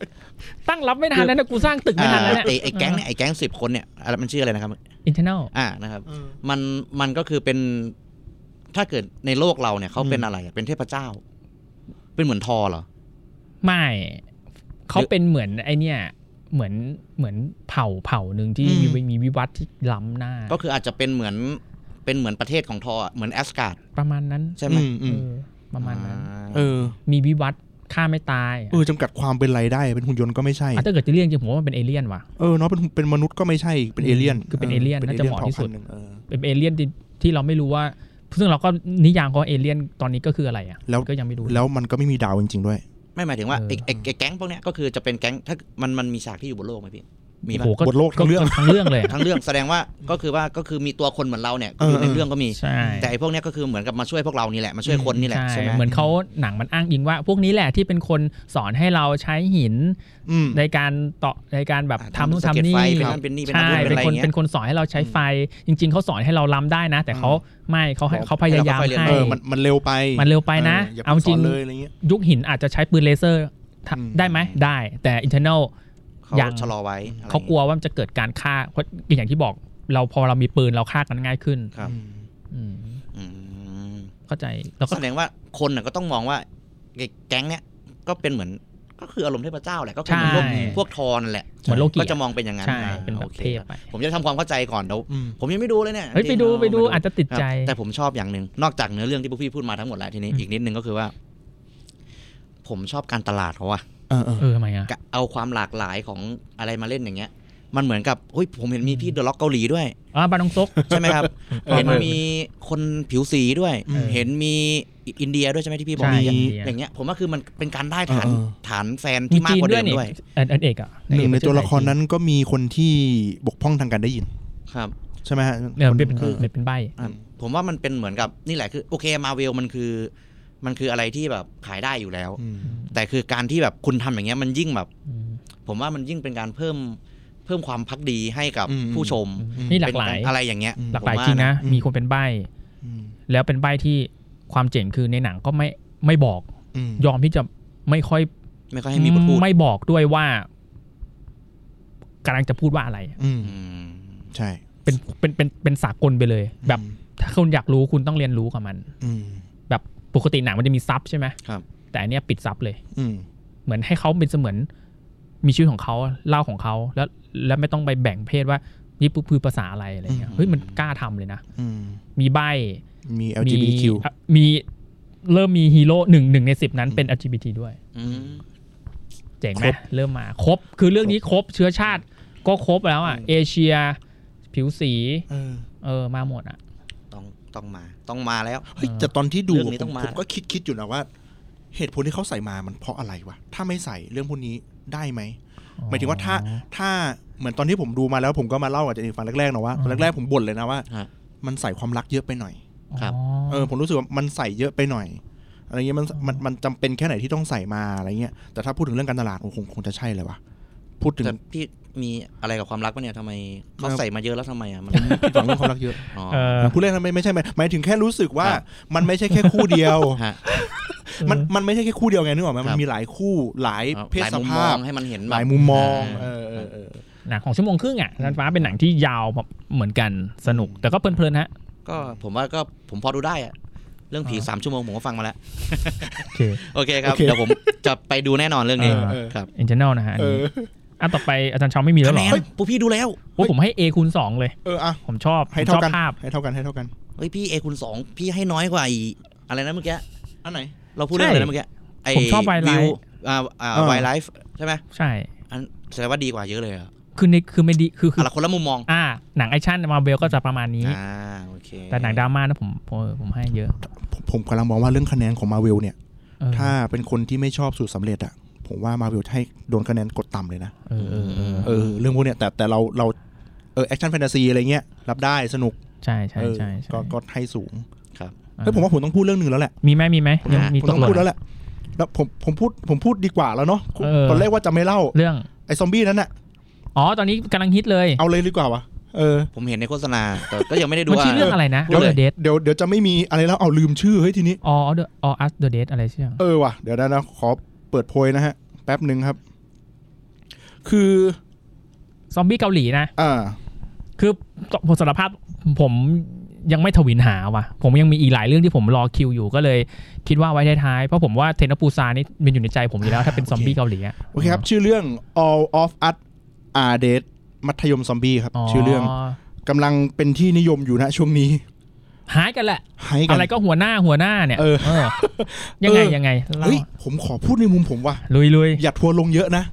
Speaker 2: ตั้งรับไม่ทันแล้วนะกูสร้างตึกไม่ทันแล้วเนี่ย
Speaker 4: ไอ้ไอ้แก๊งเนี่ยไอ้แก๊งสิบคนเนี่ยอะไรมันชื่ออะไรนะครับ
Speaker 2: อินเทอร์เนล
Speaker 4: อ่านะครับ มันมันก็คือเป็นถ้าเกิดในโลกเราเนี่ยเขาเป็นอะไรอะเป็นเทพเจ้า เป็นเหมือนทอเหรอ
Speaker 2: ไม่เขาเป็นเหมือนไอเนี่ยเหมือนเหมือนเผ่าเผ่าหนึ่งที่
Speaker 4: อืม
Speaker 2: มีมีวิวัฒน์ที่ล้ำหน้า
Speaker 4: ก็คืออาจจะเป็นเหมือนเป็นเหมือนประเทศของทออะเหมือนแอสการ์ด
Speaker 2: ประมาณนั้น
Speaker 4: ใช่ไหม
Speaker 3: อืมอืม
Speaker 2: เออประมาณนั้น
Speaker 3: เออ
Speaker 2: มีวิวัฒน์ฆ่าไม่ตาย
Speaker 3: เออจำกัดความเป็นไรได้เป็นหุ่นยนต์ก็ไม่ใช่
Speaker 2: อ่ะถ้าเกิดจะเรียกจริงผมว่ามันเป็นเอเลี่ยนว่ะ
Speaker 3: เออเนาะเป็นเป็นมนุษย์ก็ไม่ใช่เป็นเอเลี่ยน
Speaker 2: คือเป็นเอเลี่ยนน่าจะเหมาะที่สุด
Speaker 3: ผ่พันธุ์หนึ่งเออ
Speaker 2: เป็นเอเลี่ยนที่ที่เราไม่รู้ว่า ซึ่งเราก็นิยามของเอเลี่ยนตอนนี้ก็คืออะไรอ่ะ
Speaker 3: แล้ว
Speaker 2: ก็ยังไม่รู้
Speaker 3: แล้วมันก็ไม่มีดาวจริงๆด้วย
Speaker 4: ไม่หมายถึงว่า
Speaker 2: เออ
Speaker 4: ไอ้ไอ้ไอ้แก๊งพวกเนี้ยก็คือจะเป็นแก๊งถ้ามันมันมีฉากที่อยู่บนโลกไหมพี่มี
Speaker 2: โอ้
Speaker 4: ปะ
Speaker 2: โหก็
Speaker 3: บทโลกทั้งเรื่อง
Speaker 2: ทั้งเรื่องเลยอะ
Speaker 4: ทั้งเรื่องแสดงว่าก็คือว่าก็คือมีตัวคนเหมือนเราเนี่ยคือในเรื่องก็มี
Speaker 2: ใช่
Speaker 4: แต่ไอ้พวกเนี้ยก็คือเหมือนกับมาช่วยพวกเรานี่แหละมาช่วยคนนี่แหละใช่ไหม
Speaker 2: เหมือนเขาหนังมันอ้างอิงว่า พวกนี้แหละที่เป็นคนสอนให้เราใช้หิน
Speaker 3: อืม
Speaker 2: ในการต่อในการแบบ
Speaker 4: อ่ะ
Speaker 2: ทำนู่น
Speaker 4: สะเก็ด
Speaker 2: ทำนี่
Speaker 4: ไฟเป็นนั่นเป็นนี่เป็นนั่
Speaker 2: ใช่
Speaker 4: นเป็
Speaker 2: เป็น
Speaker 4: นอะไรอ
Speaker 2: คน
Speaker 4: ย่างเงี้ย
Speaker 2: เป็นคนสอนให้เราใช้ไฟ จริง ๆเขาสอนให้เราล้ำได้นะ แต่เขาไม่เขาให้เขาพยายาม
Speaker 4: ให้เราค่อยๆเรียน
Speaker 2: ให้
Speaker 3: เออมันมันเร็วไป
Speaker 2: มันเร็วไปนะ
Speaker 3: ย่
Speaker 2: เอาจริง
Speaker 3: สนเลยอะไรเงี้ย
Speaker 2: ยุคหินอาจจะใช้ปืนเลเซอร์ทะ
Speaker 3: อืม
Speaker 2: ได้ไหมได้แต่ internal
Speaker 4: เขา
Speaker 2: อย่าง
Speaker 4: ชะลอไว้อะไร
Speaker 2: เขากลัวว่ามันจะเกิดการฆ่าเพราะอย่างที่บอกเราพอเรามีปืนเราฆ่ากันง่ายขึ้น
Speaker 4: ครับ
Speaker 3: อืม
Speaker 2: อืม
Speaker 4: อืม
Speaker 2: เข้าใจแล้วก็
Speaker 4: แสดงว่าคนน่ะก็ต้องมองว่าไอ้แก๊งเนี้ยก็เป็นเหมือนก็คืออารมณ์เทพเจ้าแหละก็คือ
Speaker 2: ใช่
Speaker 4: เหมือนพวกพวกทอนนแหละ
Speaker 2: เหมือนโลกี
Speaker 4: ก็จะมองเป็นอย่างนั้น
Speaker 2: ใช่
Speaker 4: อ่า
Speaker 2: เป็นแบ
Speaker 4: โอบ ค
Speaker 2: เทพไป
Speaker 4: ผมจะทำความเข้าใจก่อนเดี๋ยว
Speaker 3: อืม
Speaker 4: ผมยังไม่ดูเลยเนี่ย
Speaker 2: เฮ้ยไปดูไปดูอาจจะติด
Speaker 4: ครับ
Speaker 2: ใจ
Speaker 4: แต่ผมชอบอย่างหนึ่งนอกจากเนื้อเรื่องที่พวกพี่พูดมาทั้งหมดแล้วทีนี้อีกนิดนึงก็คือว่า ผมชอบการตลาดเขาอะ
Speaker 3: เออเออ
Speaker 2: เออทำไมอ่ะ
Speaker 4: กะเอาความหลากหลายของอะไรมาเล่นอย่างเงี้ย มันเหมือนกับเฮ้ยผมเห็นมีพี่เดอะล็อกเกาหลีด้วย
Speaker 2: อ๋อบานองซก
Speaker 4: ใช่ไหมครับ เห็นมีคนผิวสีด้วย
Speaker 2: เออ
Speaker 4: เห็นมีอินเดียด้วยใช่ไหมที่พี่บอก
Speaker 2: ใช่
Speaker 4: มีอย่าง
Speaker 2: อินเดีย
Speaker 4: อย่างเงี้ย ผมว่าคือมันเป็นการได้ฐาน
Speaker 3: เออ
Speaker 4: ฐานแฟน
Speaker 2: มี
Speaker 4: ที่มาก
Speaker 2: จีน
Speaker 4: กว่า
Speaker 2: ด้
Speaker 4: เดิ
Speaker 2: วย
Speaker 4: ม
Speaker 2: นี่
Speaker 4: ด้วย
Speaker 2: เอ็นเอกอ่ะ
Speaker 3: หนึ่งในตัวละครนั้นก็มีคนที่บกพร่องทางการได้ยิน
Speaker 4: ครับ
Speaker 3: ใช่ไหมฮะ
Speaker 2: เนี่ย
Speaker 3: คน
Speaker 2: เป็นเป็น
Speaker 3: เออ
Speaker 2: เป็นเป็นใบ
Speaker 4: อ่ะผมว่ามันเป็นเหมือนกับนี่แหละคือโอเคมาเวลมันคือ มันคืออะไรที่แบบขายได้อยู่แล้ว
Speaker 3: อืม
Speaker 4: แต่คือการที่แบบคุณทำอย่างเงี้ยมันยิ่งแบบ
Speaker 2: อืม
Speaker 4: ผมว่ามันยิ่งเป็นการเพิ่มเพิ่มความพักดีให้กับ
Speaker 3: อืม
Speaker 4: ผู้ชม
Speaker 2: นี่หลากหลาย
Speaker 4: เป็นรอะไรอย่างเงี้ย
Speaker 2: หลากหลาย
Speaker 4: ผมว่
Speaker 2: จริงนะ
Speaker 3: อืม
Speaker 2: มีคนเป็นใบ
Speaker 3: อืม
Speaker 2: แล้วเป็นใบที่ความเจ๋งคือในหนังก็ไม่ไม่บอก
Speaker 3: อืม
Speaker 2: ยอมที่จะไม่ค่อย
Speaker 4: ไม่ค่อยให้มีบทพูด
Speaker 2: ไม่บอกด้วยว่ากำลังจะพูดว่าอะไร
Speaker 3: อืม
Speaker 4: อืม
Speaker 3: ใช่
Speaker 2: เป็นเป็นเป็นเป็นสากลไปเลย แบบถ้าคุณอยากรู้คุณต้องเรียนรู้กับมัน
Speaker 3: อืม
Speaker 2: แบบปกติหนังมันจะมีซับใช่ไหม
Speaker 4: ครับ
Speaker 2: แต่อันเนี้ยปิดซับเลย
Speaker 3: อืม
Speaker 2: เหมือนให้เขาเป็นเสมือนมีชีวิตของเขาเล่าของเขาแล้วแล้วไม่ต้องไปแบ่งเพศว่านี่ปุ๊บคือภาษาอะไรอะไรเงี้ยเฮ้ยมันกล้าทำเลยนะ
Speaker 3: อืม
Speaker 2: มีใบ
Speaker 3: มี
Speaker 2: มี
Speaker 3: LGBTQ
Speaker 2: มีเริ่มมีฮีโร่หนึ่งหนึ่งในสิบนั้นเป็น LGBT ด้วย
Speaker 4: อืม
Speaker 2: เจ๋งไห
Speaker 3: ค
Speaker 2: ม
Speaker 3: รบ
Speaker 2: เริ่มมาครบ คือเรื่องนี้ครบเชื้อชาติก็ครบแล้วอ่ะ เอเชีย ผิวสี
Speaker 3: เออ
Speaker 2: เออมาหมดอ่ะ
Speaker 4: ต้องต้องมา ต้องมาแล้ว
Speaker 3: เฮ้ยแต่ตอนที่ดู
Speaker 4: เรื่องนี้
Speaker 3: ผ
Speaker 4: ต้อ
Speaker 3: ม
Speaker 4: งมา
Speaker 3: ผมก็คิดคิดอยู่นะว่า เหตุผลที่เขาใส่มามันเพราะอะไรวะถ้าไม่ใส่เรื่องพวกนี้ได้ไหม หมายถึงว่าถ้าถ้าเหมือนตอนที่ผมดูมาแล้วผมก็มาเล่ากับเจนนี่ฟังแรกๆนะว่า
Speaker 2: อืม
Speaker 3: ตอนแรกๆผมบ่นเลยนะว่า
Speaker 4: ฮะ
Speaker 3: มันใส่ความรักเยอะไปหน่อย
Speaker 4: ครับ
Speaker 2: อ๋อ
Speaker 3: เออผมรู้สึกว่ามันใส่เยอะไปหน่อยอะไรเงี้ยมันมันมันจำเป็นแค่ไหนที่ต้องใส่มาอะไรเงี้ยแต่ถ้าพูดถึงเรื่องการตลาดโอ้คงคงจะใช่เลยวะ พูดถึง
Speaker 4: แต่พี่มีอะไรกับความรักปะเนี่ยทำไมเขาใส่มาเยอะแล้วทำไมอ่ะมัน
Speaker 3: ผิดหวังเรื่องความรักเย อะ
Speaker 4: อ๋อ
Speaker 2: เออ
Speaker 3: พูดเล่นนะไม่ไม่ใช่ไหมหมายถึงแค่รู้สึกว่ามันไม่ใช่แค่คู่เดี ยว
Speaker 4: ฮะ
Speaker 3: มันมันไม่ใช่แค่คู่เดียวไงนึกออกไหม
Speaker 4: ครับ
Speaker 3: มันมีหลายคู่หลาย
Speaker 4: ออ
Speaker 3: เพศ
Speaker 4: หลาย
Speaker 3: ส
Speaker 4: มุมม
Speaker 3: ภา
Speaker 4: อ
Speaker 3: พ
Speaker 4: งให้มันเห็นแบบ
Speaker 3: หลายมุมมอง
Speaker 4: า
Speaker 3: เออเออเออ
Speaker 2: หนังของชั่วโมงครึ่งอ่ะนันฟ้าเป็นหนังที่ยาวแบบเหมือนกันสนุก แต่ก็เพลินๆฮะ
Speaker 4: ก็ผมว่าก็ผมพอดูได้อะเรื่องผีสามชั่วโมงผมก็ฟังมาแล้ว
Speaker 2: โอเค
Speaker 4: โอเคครับ
Speaker 3: โอเค
Speaker 4: เดี๋ยวผมจะไปดูแน่นอนเรื่องนี้
Speaker 2: เออเออ
Speaker 4: ครับ
Speaker 2: อินเทอร์เนลนะฮะอัน
Speaker 3: เอ
Speaker 2: นี้
Speaker 3: อ
Speaker 2: อ่ะต่อไปอาจารย์ชองไม่มีแล้ว
Speaker 4: คะ
Speaker 2: เหร
Speaker 4: แน
Speaker 2: อน
Speaker 4: ปูพี่ดูแล้ว
Speaker 2: โอ้ยผมให้ A คูณ2เลย
Speaker 3: เอออ่ะ
Speaker 2: ผมชอบ
Speaker 3: ให้
Speaker 2: ผมช
Speaker 3: เท่า
Speaker 2: อบ
Speaker 3: กัน
Speaker 2: ภาพ
Speaker 3: ให้เท่ากันให้เท่ากัน
Speaker 4: เฮ้ยพี่เอคูณสองพี่ให้น้อยกว่าอีอะไรนะเมื่อกี้
Speaker 3: อันไหน
Speaker 4: เราพูดเรื่องอะไรนะเมื่อกี้ไ
Speaker 2: ผมชอบ Wild
Speaker 4: วิว
Speaker 2: Life
Speaker 4: อ่าอ่า
Speaker 3: เออ
Speaker 4: วายไลฟ์ใช่ไหม
Speaker 2: ใช่
Speaker 4: อันแสดงว่าดีกว่าเยอะเลยอะ
Speaker 2: คือในคือไม่ดีคือคือ
Speaker 4: อะไรคนละมุมมอง
Speaker 2: อ่าหนังแอคชั่นมาเบลก็จะประมาณนี้
Speaker 4: อ่าโอเค
Speaker 2: แต่หนังดราม่านะผมผมเออผมให้เยอะ
Speaker 3: ผมผมกำลังมองว่าเรื่องคะแนนของมาเวลเนี่ย
Speaker 2: เออ
Speaker 3: ถ้าเป็นคนที่ไม่ชอบสูตรสำเร็จอะผมว่ามาเวลให้โดนคะแนนกดต่ำเลยนะ
Speaker 2: เออเออเออ
Speaker 3: เออเรื่องพวกเนี้ยแต่แต่เราเราเออแอคชั่นแฟนตาซีอะไรเงี้ยรับได้สนุก
Speaker 2: ใช่ใช่
Speaker 3: เออ
Speaker 2: ใช่ใช่
Speaker 3: ก็ก็ให้สูง
Speaker 2: เออ
Speaker 3: เฮ้ยผมว่าผมต้องพูดเรื่องหนึ่งแล้วแหละ
Speaker 2: มีไหมมีไหมยังมี
Speaker 3: ผม
Speaker 2: ต
Speaker 3: ต้
Speaker 2: ก
Speaker 3: อง
Speaker 2: หล่
Speaker 3: พูดแล้ว
Speaker 2: น
Speaker 3: แหละแล้วผมผมพูดผมพูดดีกว่าแล้วเนาะ
Speaker 2: เออ
Speaker 3: ตอนแรกว่าจะไม่เล่า
Speaker 2: เรื่อง
Speaker 3: ไอ้ซอมบี้นั้นน่ะ
Speaker 2: อ๋อตอนนี้กำลังฮิตเลย
Speaker 3: เอาเลยดีกว่าวะเออ
Speaker 4: ผมเห็นในโฆษณาแต่ก็ยังไม่ได้ดู
Speaker 2: มัน
Speaker 4: ว่า
Speaker 2: ชื่อเรื่องอะไรนะ
Speaker 3: เดี๋ยว
Speaker 2: เดอะเดท
Speaker 3: เดี๋ยวเดี๋ยวจะไม่มีอะไรแล้วเอาลืมชื่อเฮ้ยทีนี้
Speaker 2: ออเดอะอออัสเดอะเดทอะไรใช่ไหม
Speaker 3: เออว่ะเดี๋ยวนะนะขอเปิดโพยนะฮะ แป๊บหนึ่งครับ คือ
Speaker 2: ซอมบี้เกาหลีนะ
Speaker 3: อ่า
Speaker 2: คือผมสารภาพผมยังไม่ทวินหาว่ะ ผมยังมีอีกหลายเรื่องที่ผมรอคิวอยู่ก็เลยคิดว่าไว้ท้ายๆเพราะผมว่าเทนนปูซานี่มันอยู่ในใจผมอยู่แล้วถ้าเป็นซอมบี้เกาหลีอะ
Speaker 3: โอเคครับ ชื่อเรื่อง all of us are dead มัธยมซอมบี้ครับ ชื่อเรื่องกำลังเป็นที่นิยมอยู่นะช่วงนี้
Speaker 2: หายกันแหละ
Speaker 3: ให้กั
Speaker 2: อะ
Speaker 3: น
Speaker 2: ไรก็หัวหน้าหัวหน้าเนี่ย
Speaker 3: เออ
Speaker 2: เออยังไงยังไงเล่า
Speaker 3: เฮ้ย ผมขอพูดในมุมผมว่ะ
Speaker 2: ลุยลุย
Speaker 3: อย่าทัวร์ลงเยอะนะ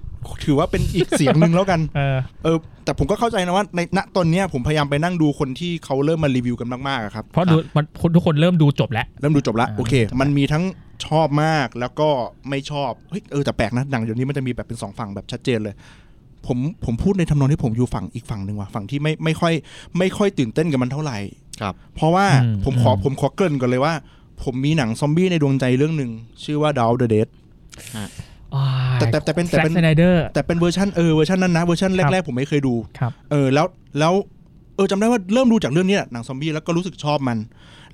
Speaker 3: ถือว่าเป็นอีกเสียงหนึ่งแล้วกัน
Speaker 2: เออ
Speaker 3: เออ แต่ผมก็เข้าใจนะว่าในณตอนเนี้ยผมพยายามไปนั่งดูคนที่เขาเริ่มมารีวิวกันมากๆอะครับ
Speaker 2: เพราะดูมันทุกคนเริ่มดูจบแล้ว
Speaker 3: เริ่มดูจบละ
Speaker 2: อ่า
Speaker 3: โอเค มันมีทั้งชอบมากแล้วก็ไม่ชอบเฮ้ยเออแต่แปลกนะหนังเดี๋ยวนี้มันจะมีแบบเป็นสองฝั่งแบบชัดเจนเลย ผมผมพูดในทำนองที่ผมอยู่ฝั่งอีกฝั่งหนึ่งว่ะฝั่งที่ไม่ไม่ค่อย ไม่ค่อยตื่นเต้นกับมันเท่าไหร่
Speaker 4: ครับ
Speaker 3: เพราะว่า
Speaker 2: อืม
Speaker 3: ผมขอ
Speaker 2: อืม
Speaker 3: ผมขอเกริ่นก่อนเลยว่า ผมมีหนังซอมบี้ในดวงใจเรื่องหนึ่งชื่อว่า Dawn of the Dead แต่แต่แต่เป็นแต่
Speaker 2: แซ็ก
Speaker 3: เป็น
Speaker 2: ไนเดอร์
Speaker 3: แต่เป็นเวอร์ชันเออเวอร์ชันนั้นนะเวอร์ชัน
Speaker 2: ค
Speaker 3: แร
Speaker 2: รั
Speaker 3: ก
Speaker 2: บ
Speaker 3: ๆผมไม่เคยดู
Speaker 2: ครับ
Speaker 3: เออแล้วแล้วเออจำได้ว่าเริ่มดูจากเรื่องนี้แหละหนังซอมบี้แล้วก็รู้สึกชอบมัน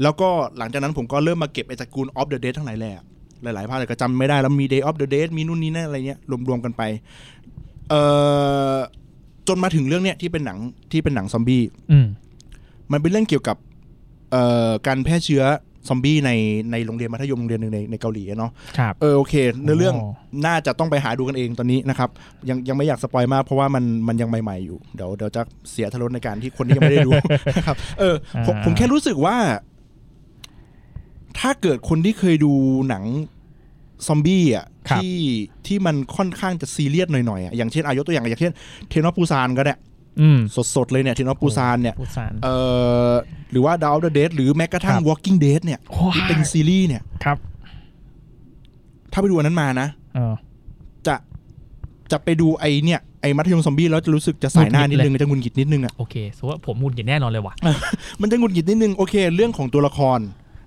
Speaker 3: แล้วก็หลังจากนั้นผมก็เริ่มมาเก็บไอ้ตระกูล of the dead ทั้งหลายแหละหลายๆภาคแต่ก็จำไม่ได้แล้วมี day of the dead มีนู่นนี่นั่นอะไรเงี้ยรวมๆกันไปเออจนมาถึงเรื่องเนี้ยที่เป็นหนังที่เป็นหนังซอมบี้
Speaker 2: อืม
Speaker 3: มันเป็นเรื่องเกี่ยวกับเอ่อการแพร่เชื้อซอมบี้ในในโรงเรียนมัธยมโรงเรียนหนึ่งในในเกาหลีอะเนาะ
Speaker 2: ครับ
Speaker 3: เออโอเคเนื้อเรื่อง
Speaker 2: อ๋อ
Speaker 3: น่าจะต้องไปหาดูกันเองตอนนี้นะครับ ยังยังไม่อยากสปอยมากเพราะว่ามันมันยังใหม่ๆอยู่ เดี๋ยวเดี๋ยวจะเสียทรนในการที่คนที่ยังไม่ได้ดู นะครับเออผมผมแค่รู้สึกว่า ถ้าเกิดคนที่เคยดูหนังซอมบี้อ่ะ
Speaker 2: ครับ
Speaker 3: ที่ที่มันค่อนข้างจะซีเรียสหน่อยๆอ่ะอย่างเช่นอายกตัวอย่างอย่างเช่นเทนอปูซานก็ได้
Speaker 2: อืม
Speaker 3: สดๆเลยเนี่ยเทนอปูซานเนี่ย
Speaker 2: ปูซาน
Speaker 3: เออหรือว่าดาวเดอะเดหรือแม้กระทั่ง
Speaker 2: ครับ
Speaker 3: Walking Dead เนี่ย
Speaker 2: โอ้ย
Speaker 3: เป็นซีรีส์เนี่ย
Speaker 2: ครับ
Speaker 3: ถ้าไปดูอันนั้นมานะ
Speaker 2: เออ
Speaker 3: จะจะไปดูไอเนี่ยไอมัธยมซอมบี้แล้วจะรู้สึกจะสายหน้านิดนึงจะหงุนหงิดนิดนึงอ่ะ
Speaker 2: โอเคสมมติว่าผมหงุดหงิดแน่นอนเลยว่ะ
Speaker 3: มันจะหงุนหงิดนิดนึงโอเค เรื่องของตัวละคร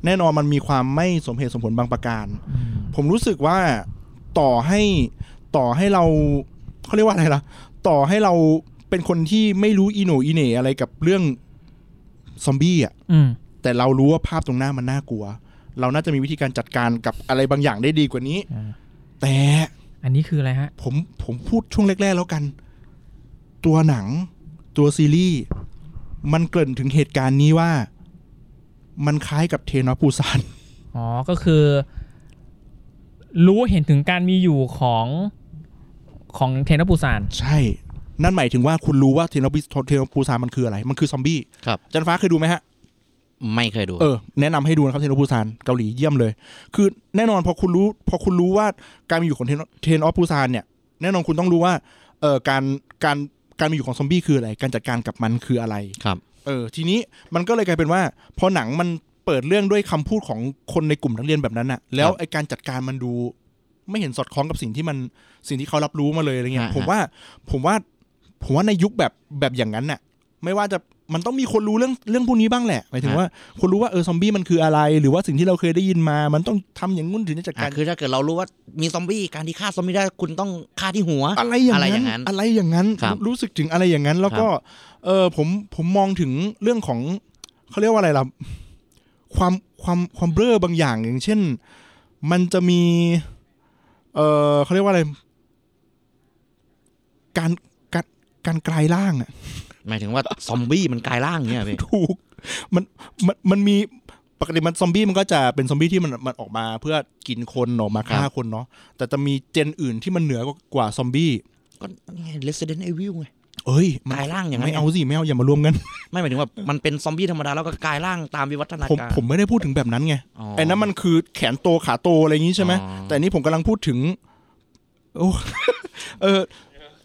Speaker 3: แน่นอนมันมีความไม่สมเหตุสมผลบางประการ ผมรู้สึกว่าต่อให้ต่อให้เราเขาเรียกว่าอะไรล่ะ ต่อให้เราเป็นคนที่ไม่รู้อีโหนอีเหน่อะไรกับเรื่องซอมบี้อ่ะ
Speaker 2: อืม
Speaker 3: แต่เรารู้ว่าภาพตรงหน้ามันน่ากลัว เราน่าจะมีวิธีการจัดการกับอะไรบางอย่างได้ดีกว่านี้
Speaker 2: อ่า
Speaker 3: แต่
Speaker 2: อันนี้คืออะไรฮะ
Speaker 3: ผมผมพูดช่วงแรก ๆ แล้วกัน ตัวหนังตัวซีรีส์มันเกริ่นถึงเหตุการณ์นี้ว่า มันคล้ายกับเทนอปูซาน
Speaker 2: อ๋อ ก็คือ รู้เห็นถึงการมีอยู่ของของเทนนปูซาน
Speaker 3: ใช่ นั่นหมายถึงว่าคุณรู้ว่าเทนอปูเทนอปูซานมันคืออะไร มันคือซอมบี้
Speaker 4: ครับ
Speaker 3: จันฟ้าเคยดูไหมฮะ
Speaker 4: ไม่เคยดู
Speaker 3: เออ แนะนำให้ดูนะครับเทนอปูซานเกาหลีเยี่ยมเลย คือแน่นอนพอคุณรู้ พอคุณรู้ว่าการมีอยู่ของเทนเทนอปูซานเนี่ย แน่นอนคุณต้องรู้ว่าเออการการการมีอยู่ของซอมบี้คืออะไร การจัดการกับมันคืออะไร
Speaker 4: ครับ
Speaker 3: เออทีนี้มันก็เลยกลายเป็นว่า พอหนังมันเปิดเรื่องด้วยคำพูดของคนในกลุ่มนักเรียนแบบนั้นน่ะ แล้วไอการจัดการมันดู ไม่เห็นสอดคล้องกับสิ่งที่มันสิ่งที่เขารับรู้มาเลยอะไรเงี้ย
Speaker 4: ฮะ
Speaker 3: ผมว่าผมว่า ผมว่าในยุคแบบแบบอย่างนั้นน่ะ ไม่ว่าจะ มันต้องมีคนรู้เรื่องเรื่องพวกนี้บ้างแหละหมายถึงว่าคนรู้ว่าเออซอมบี้มันคืออะไร หรือว่าสิ่งที่เราเคยได้ยินมา มันต้องทำอย่างงุ้นถึงจะจัด
Speaker 4: อ่ะ
Speaker 3: การ
Speaker 4: คือถ้าเกิดเรารู้ว่ามีซอมบี้การที่ฆ่าซอมบี้ได้คุณต้องฆ่าที่หัว
Speaker 3: อะไรอย่าง
Speaker 4: อะไรอ
Speaker 3: นั้
Speaker 4: ย่าน งนั้น
Speaker 3: อะไรอย่างนั้น
Speaker 4: ครับ
Speaker 3: รู้สึกถึงอะไรอย่างนั้น แล้วก็ เออผมผมมองถึงเรื่องของเขาเรียกว่าอะไรล่ะความความความเบ้อบางอย่างอย่างเช่น มันจะมี เออเขาเรียกว่าอะไร การการการกลายร่างอะ
Speaker 4: หมายถึงว่าซอมบี้มันกลายร่างเนี่ยพี่
Speaker 3: ถูกมันมันมันมีปกติมันซอมบี้มันก็จะเป็นซอมบี้ที่มันมันออกมาเพื่อกินคนออกมาฆ่าคนเนาะแต่จะมีเจนอื่นที่มันเหนือกว่ากว่าซอมบี้
Speaker 4: ก็นี่ไง Resident Evil ไง
Speaker 3: เอ้ยมั
Speaker 4: ก
Speaker 3: น
Speaker 4: ลายร่างอย่างนั้น
Speaker 3: ไม่เอาสิไม่เอาอย่ามารวมกัน
Speaker 4: ไม่หมายถึงว่ามันเป็นซอมบี้ธรรมดาแล้วก็กลายร่างตามวิวัฒนา
Speaker 3: ผม
Speaker 4: การ
Speaker 3: ผมไม่ได้พูดถึงแบบนั้นไง
Speaker 4: อ๋อ
Speaker 3: ไอ้นั้นมันคือแขนโตขาโตอะไรอย่างนี้ใช่ไหม
Speaker 4: อ๋อ
Speaker 3: แต่อันนี้ผมกำลังพูดถึงโอ้ เออ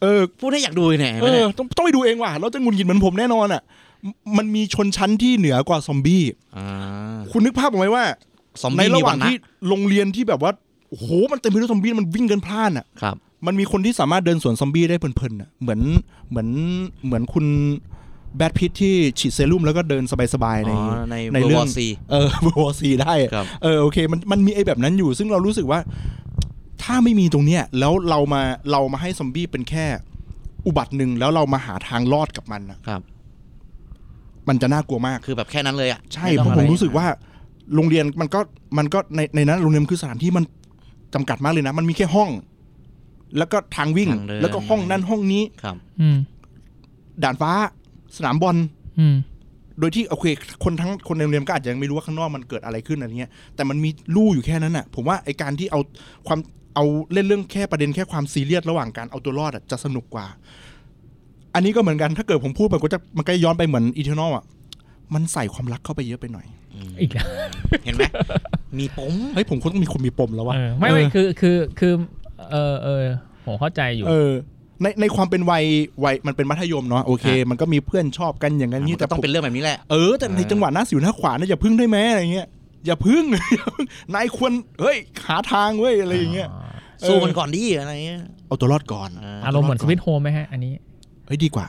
Speaker 3: เออ
Speaker 4: พูดให้อยากดูเนี่ยเห็นไห
Speaker 3: เอ
Speaker 4: มเนี่
Speaker 3: อย ต้องต้องไปดูเองว่ะเราจะหงุนงินเหมือนผมแน่นอนอ่ะมมันมีชนชั้นที่เหนือกว่าซอมบี้
Speaker 4: อ่า
Speaker 3: คุณนึกภาพออกไหมว่า
Speaker 4: ซอม
Speaker 3: ใน
Speaker 4: บี้
Speaker 3: ระ
Speaker 4: มี
Speaker 3: หว่า
Speaker 4: วั
Speaker 3: ง
Speaker 4: นนะ
Speaker 3: ที่โรงเรียนที่แบบว่าโอ้โหมันเต็มไปด้วยซอมบี้มันวิ่งกันพล่านอ่ะ
Speaker 4: ครับ
Speaker 3: มันมีคนที่สามารถเดินสวนซอมบี้ได้เพลินๆอ่ะเหมือนเหมือนเหมือนคุณแบทพิทที่ฉีดเซรุ่มแล้วก็เดินสบายๆใน
Speaker 4: อ๋อใน
Speaker 3: ใน
Speaker 4: ใน
Speaker 3: เรื่
Speaker 4: เรื่
Speaker 3: อ
Speaker 4: อง ง
Speaker 3: เอ อวอซีได้อะ
Speaker 4: ครับ
Speaker 3: เออโอเคมันมันมีไอ้แบบนั้นอยู่ ซึ่งเรารู้สึกว่า ถ้าไม่มีตรงเนี้ยแล้วเรามาเรามาให้ซอมบี้เป็นแค่ อุบัติหนึ่งแล้วเรามาหาทางรอดกับมันนะครับ มันจะน่ากลัวมาก
Speaker 4: คือแบบแค่นั้นเลยอ่ะ
Speaker 3: ใช่
Speaker 4: ไต้
Speaker 3: เพ
Speaker 4: อง
Speaker 3: ราะ
Speaker 4: อไ
Speaker 3: ผมรู้สึกว่าโรงเรียนมันก็มันก็ในในนั้นโรงเรียนคือสถานที่มันจำกัดมากเลยนะ มันมีแค่ห้อง แล้วก็ทางวิ่ง
Speaker 4: ทางเดิน
Speaker 3: แล้วก็ห้องนั้นห้องนี้
Speaker 4: ครับ
Speaker 2: อืม
Speaker 3: ด่านฟ้า สนามบอล
Speaker 2: อืม
Speaker 3: โดยที่โอเคคนทั้งคนในโรงเรียนก็อาจจะยังไม่รู้ว่าข้างนอกมันเกิดอะไรขึ้นอะไรเงี้ยแต่มันมีลู่อยู่แค่นั้นน่ะ ผมว่าไอการที่เอาความเอาเล่นเรื่องแค่ประเด็นแค่ความซีเรียสระหว่างการเอาตัวรอดอะจะสนุกกว่า อันนี้ก็เหมือนกันถ้าเกิดผมพูดไปก็จะมันก็ย้อนไปเหมือนอีเทอร์นอลอ่ะมันใส่ความรักเข้าไปเยอะไปหน่อย
Speaker 2: อีกแล้ว
Speaker 4: เห็นไหมมีปม
Speaker 3: เฮ้ยผมคงต้องมีคนมีปมแล้ววะ
Speaker 2: เออไม่ไม่คือคือคือเออเออผมเข้าใจอยู่
Speaker 3: เออในในความเป็นวัยวัยมันเป็นมัธยมเนาะโอเค มันก็มีเพื่อนชอบกันอย่างนั้นนี่
Speaker 4: นี่
Speaker 3: แต่
Speaker 4: แต่
Speaker 3: ต้
Speaker 4: ต้
Speaker 3: อ
Speaker 4: อง ง
Speaker 3: เป็
Speaker 4: เป็น นเรื่องแบบนี้แหละ
Speaker 3: เออแต่ในจังหวะหน้าสิวหน้าขวานะอย่าพึ่งได้ไหมอะไรเงี้ยอย่าพึ่ง นายควรเฮ้ยหาทางเว้ยอะไรอย่างเงี้ย เออ
Speaker 4: สู้มันก่อนดีอะไรอย่างเงี้ย
Speaker 3: เอาตัวรอดก่อน
Speaker 4: อ่า
Speaker 2: อารมณ์เหมือนสวิตโฮมไหมฮะอันนี้
Speaker 3: เฮ้ยดีกว่า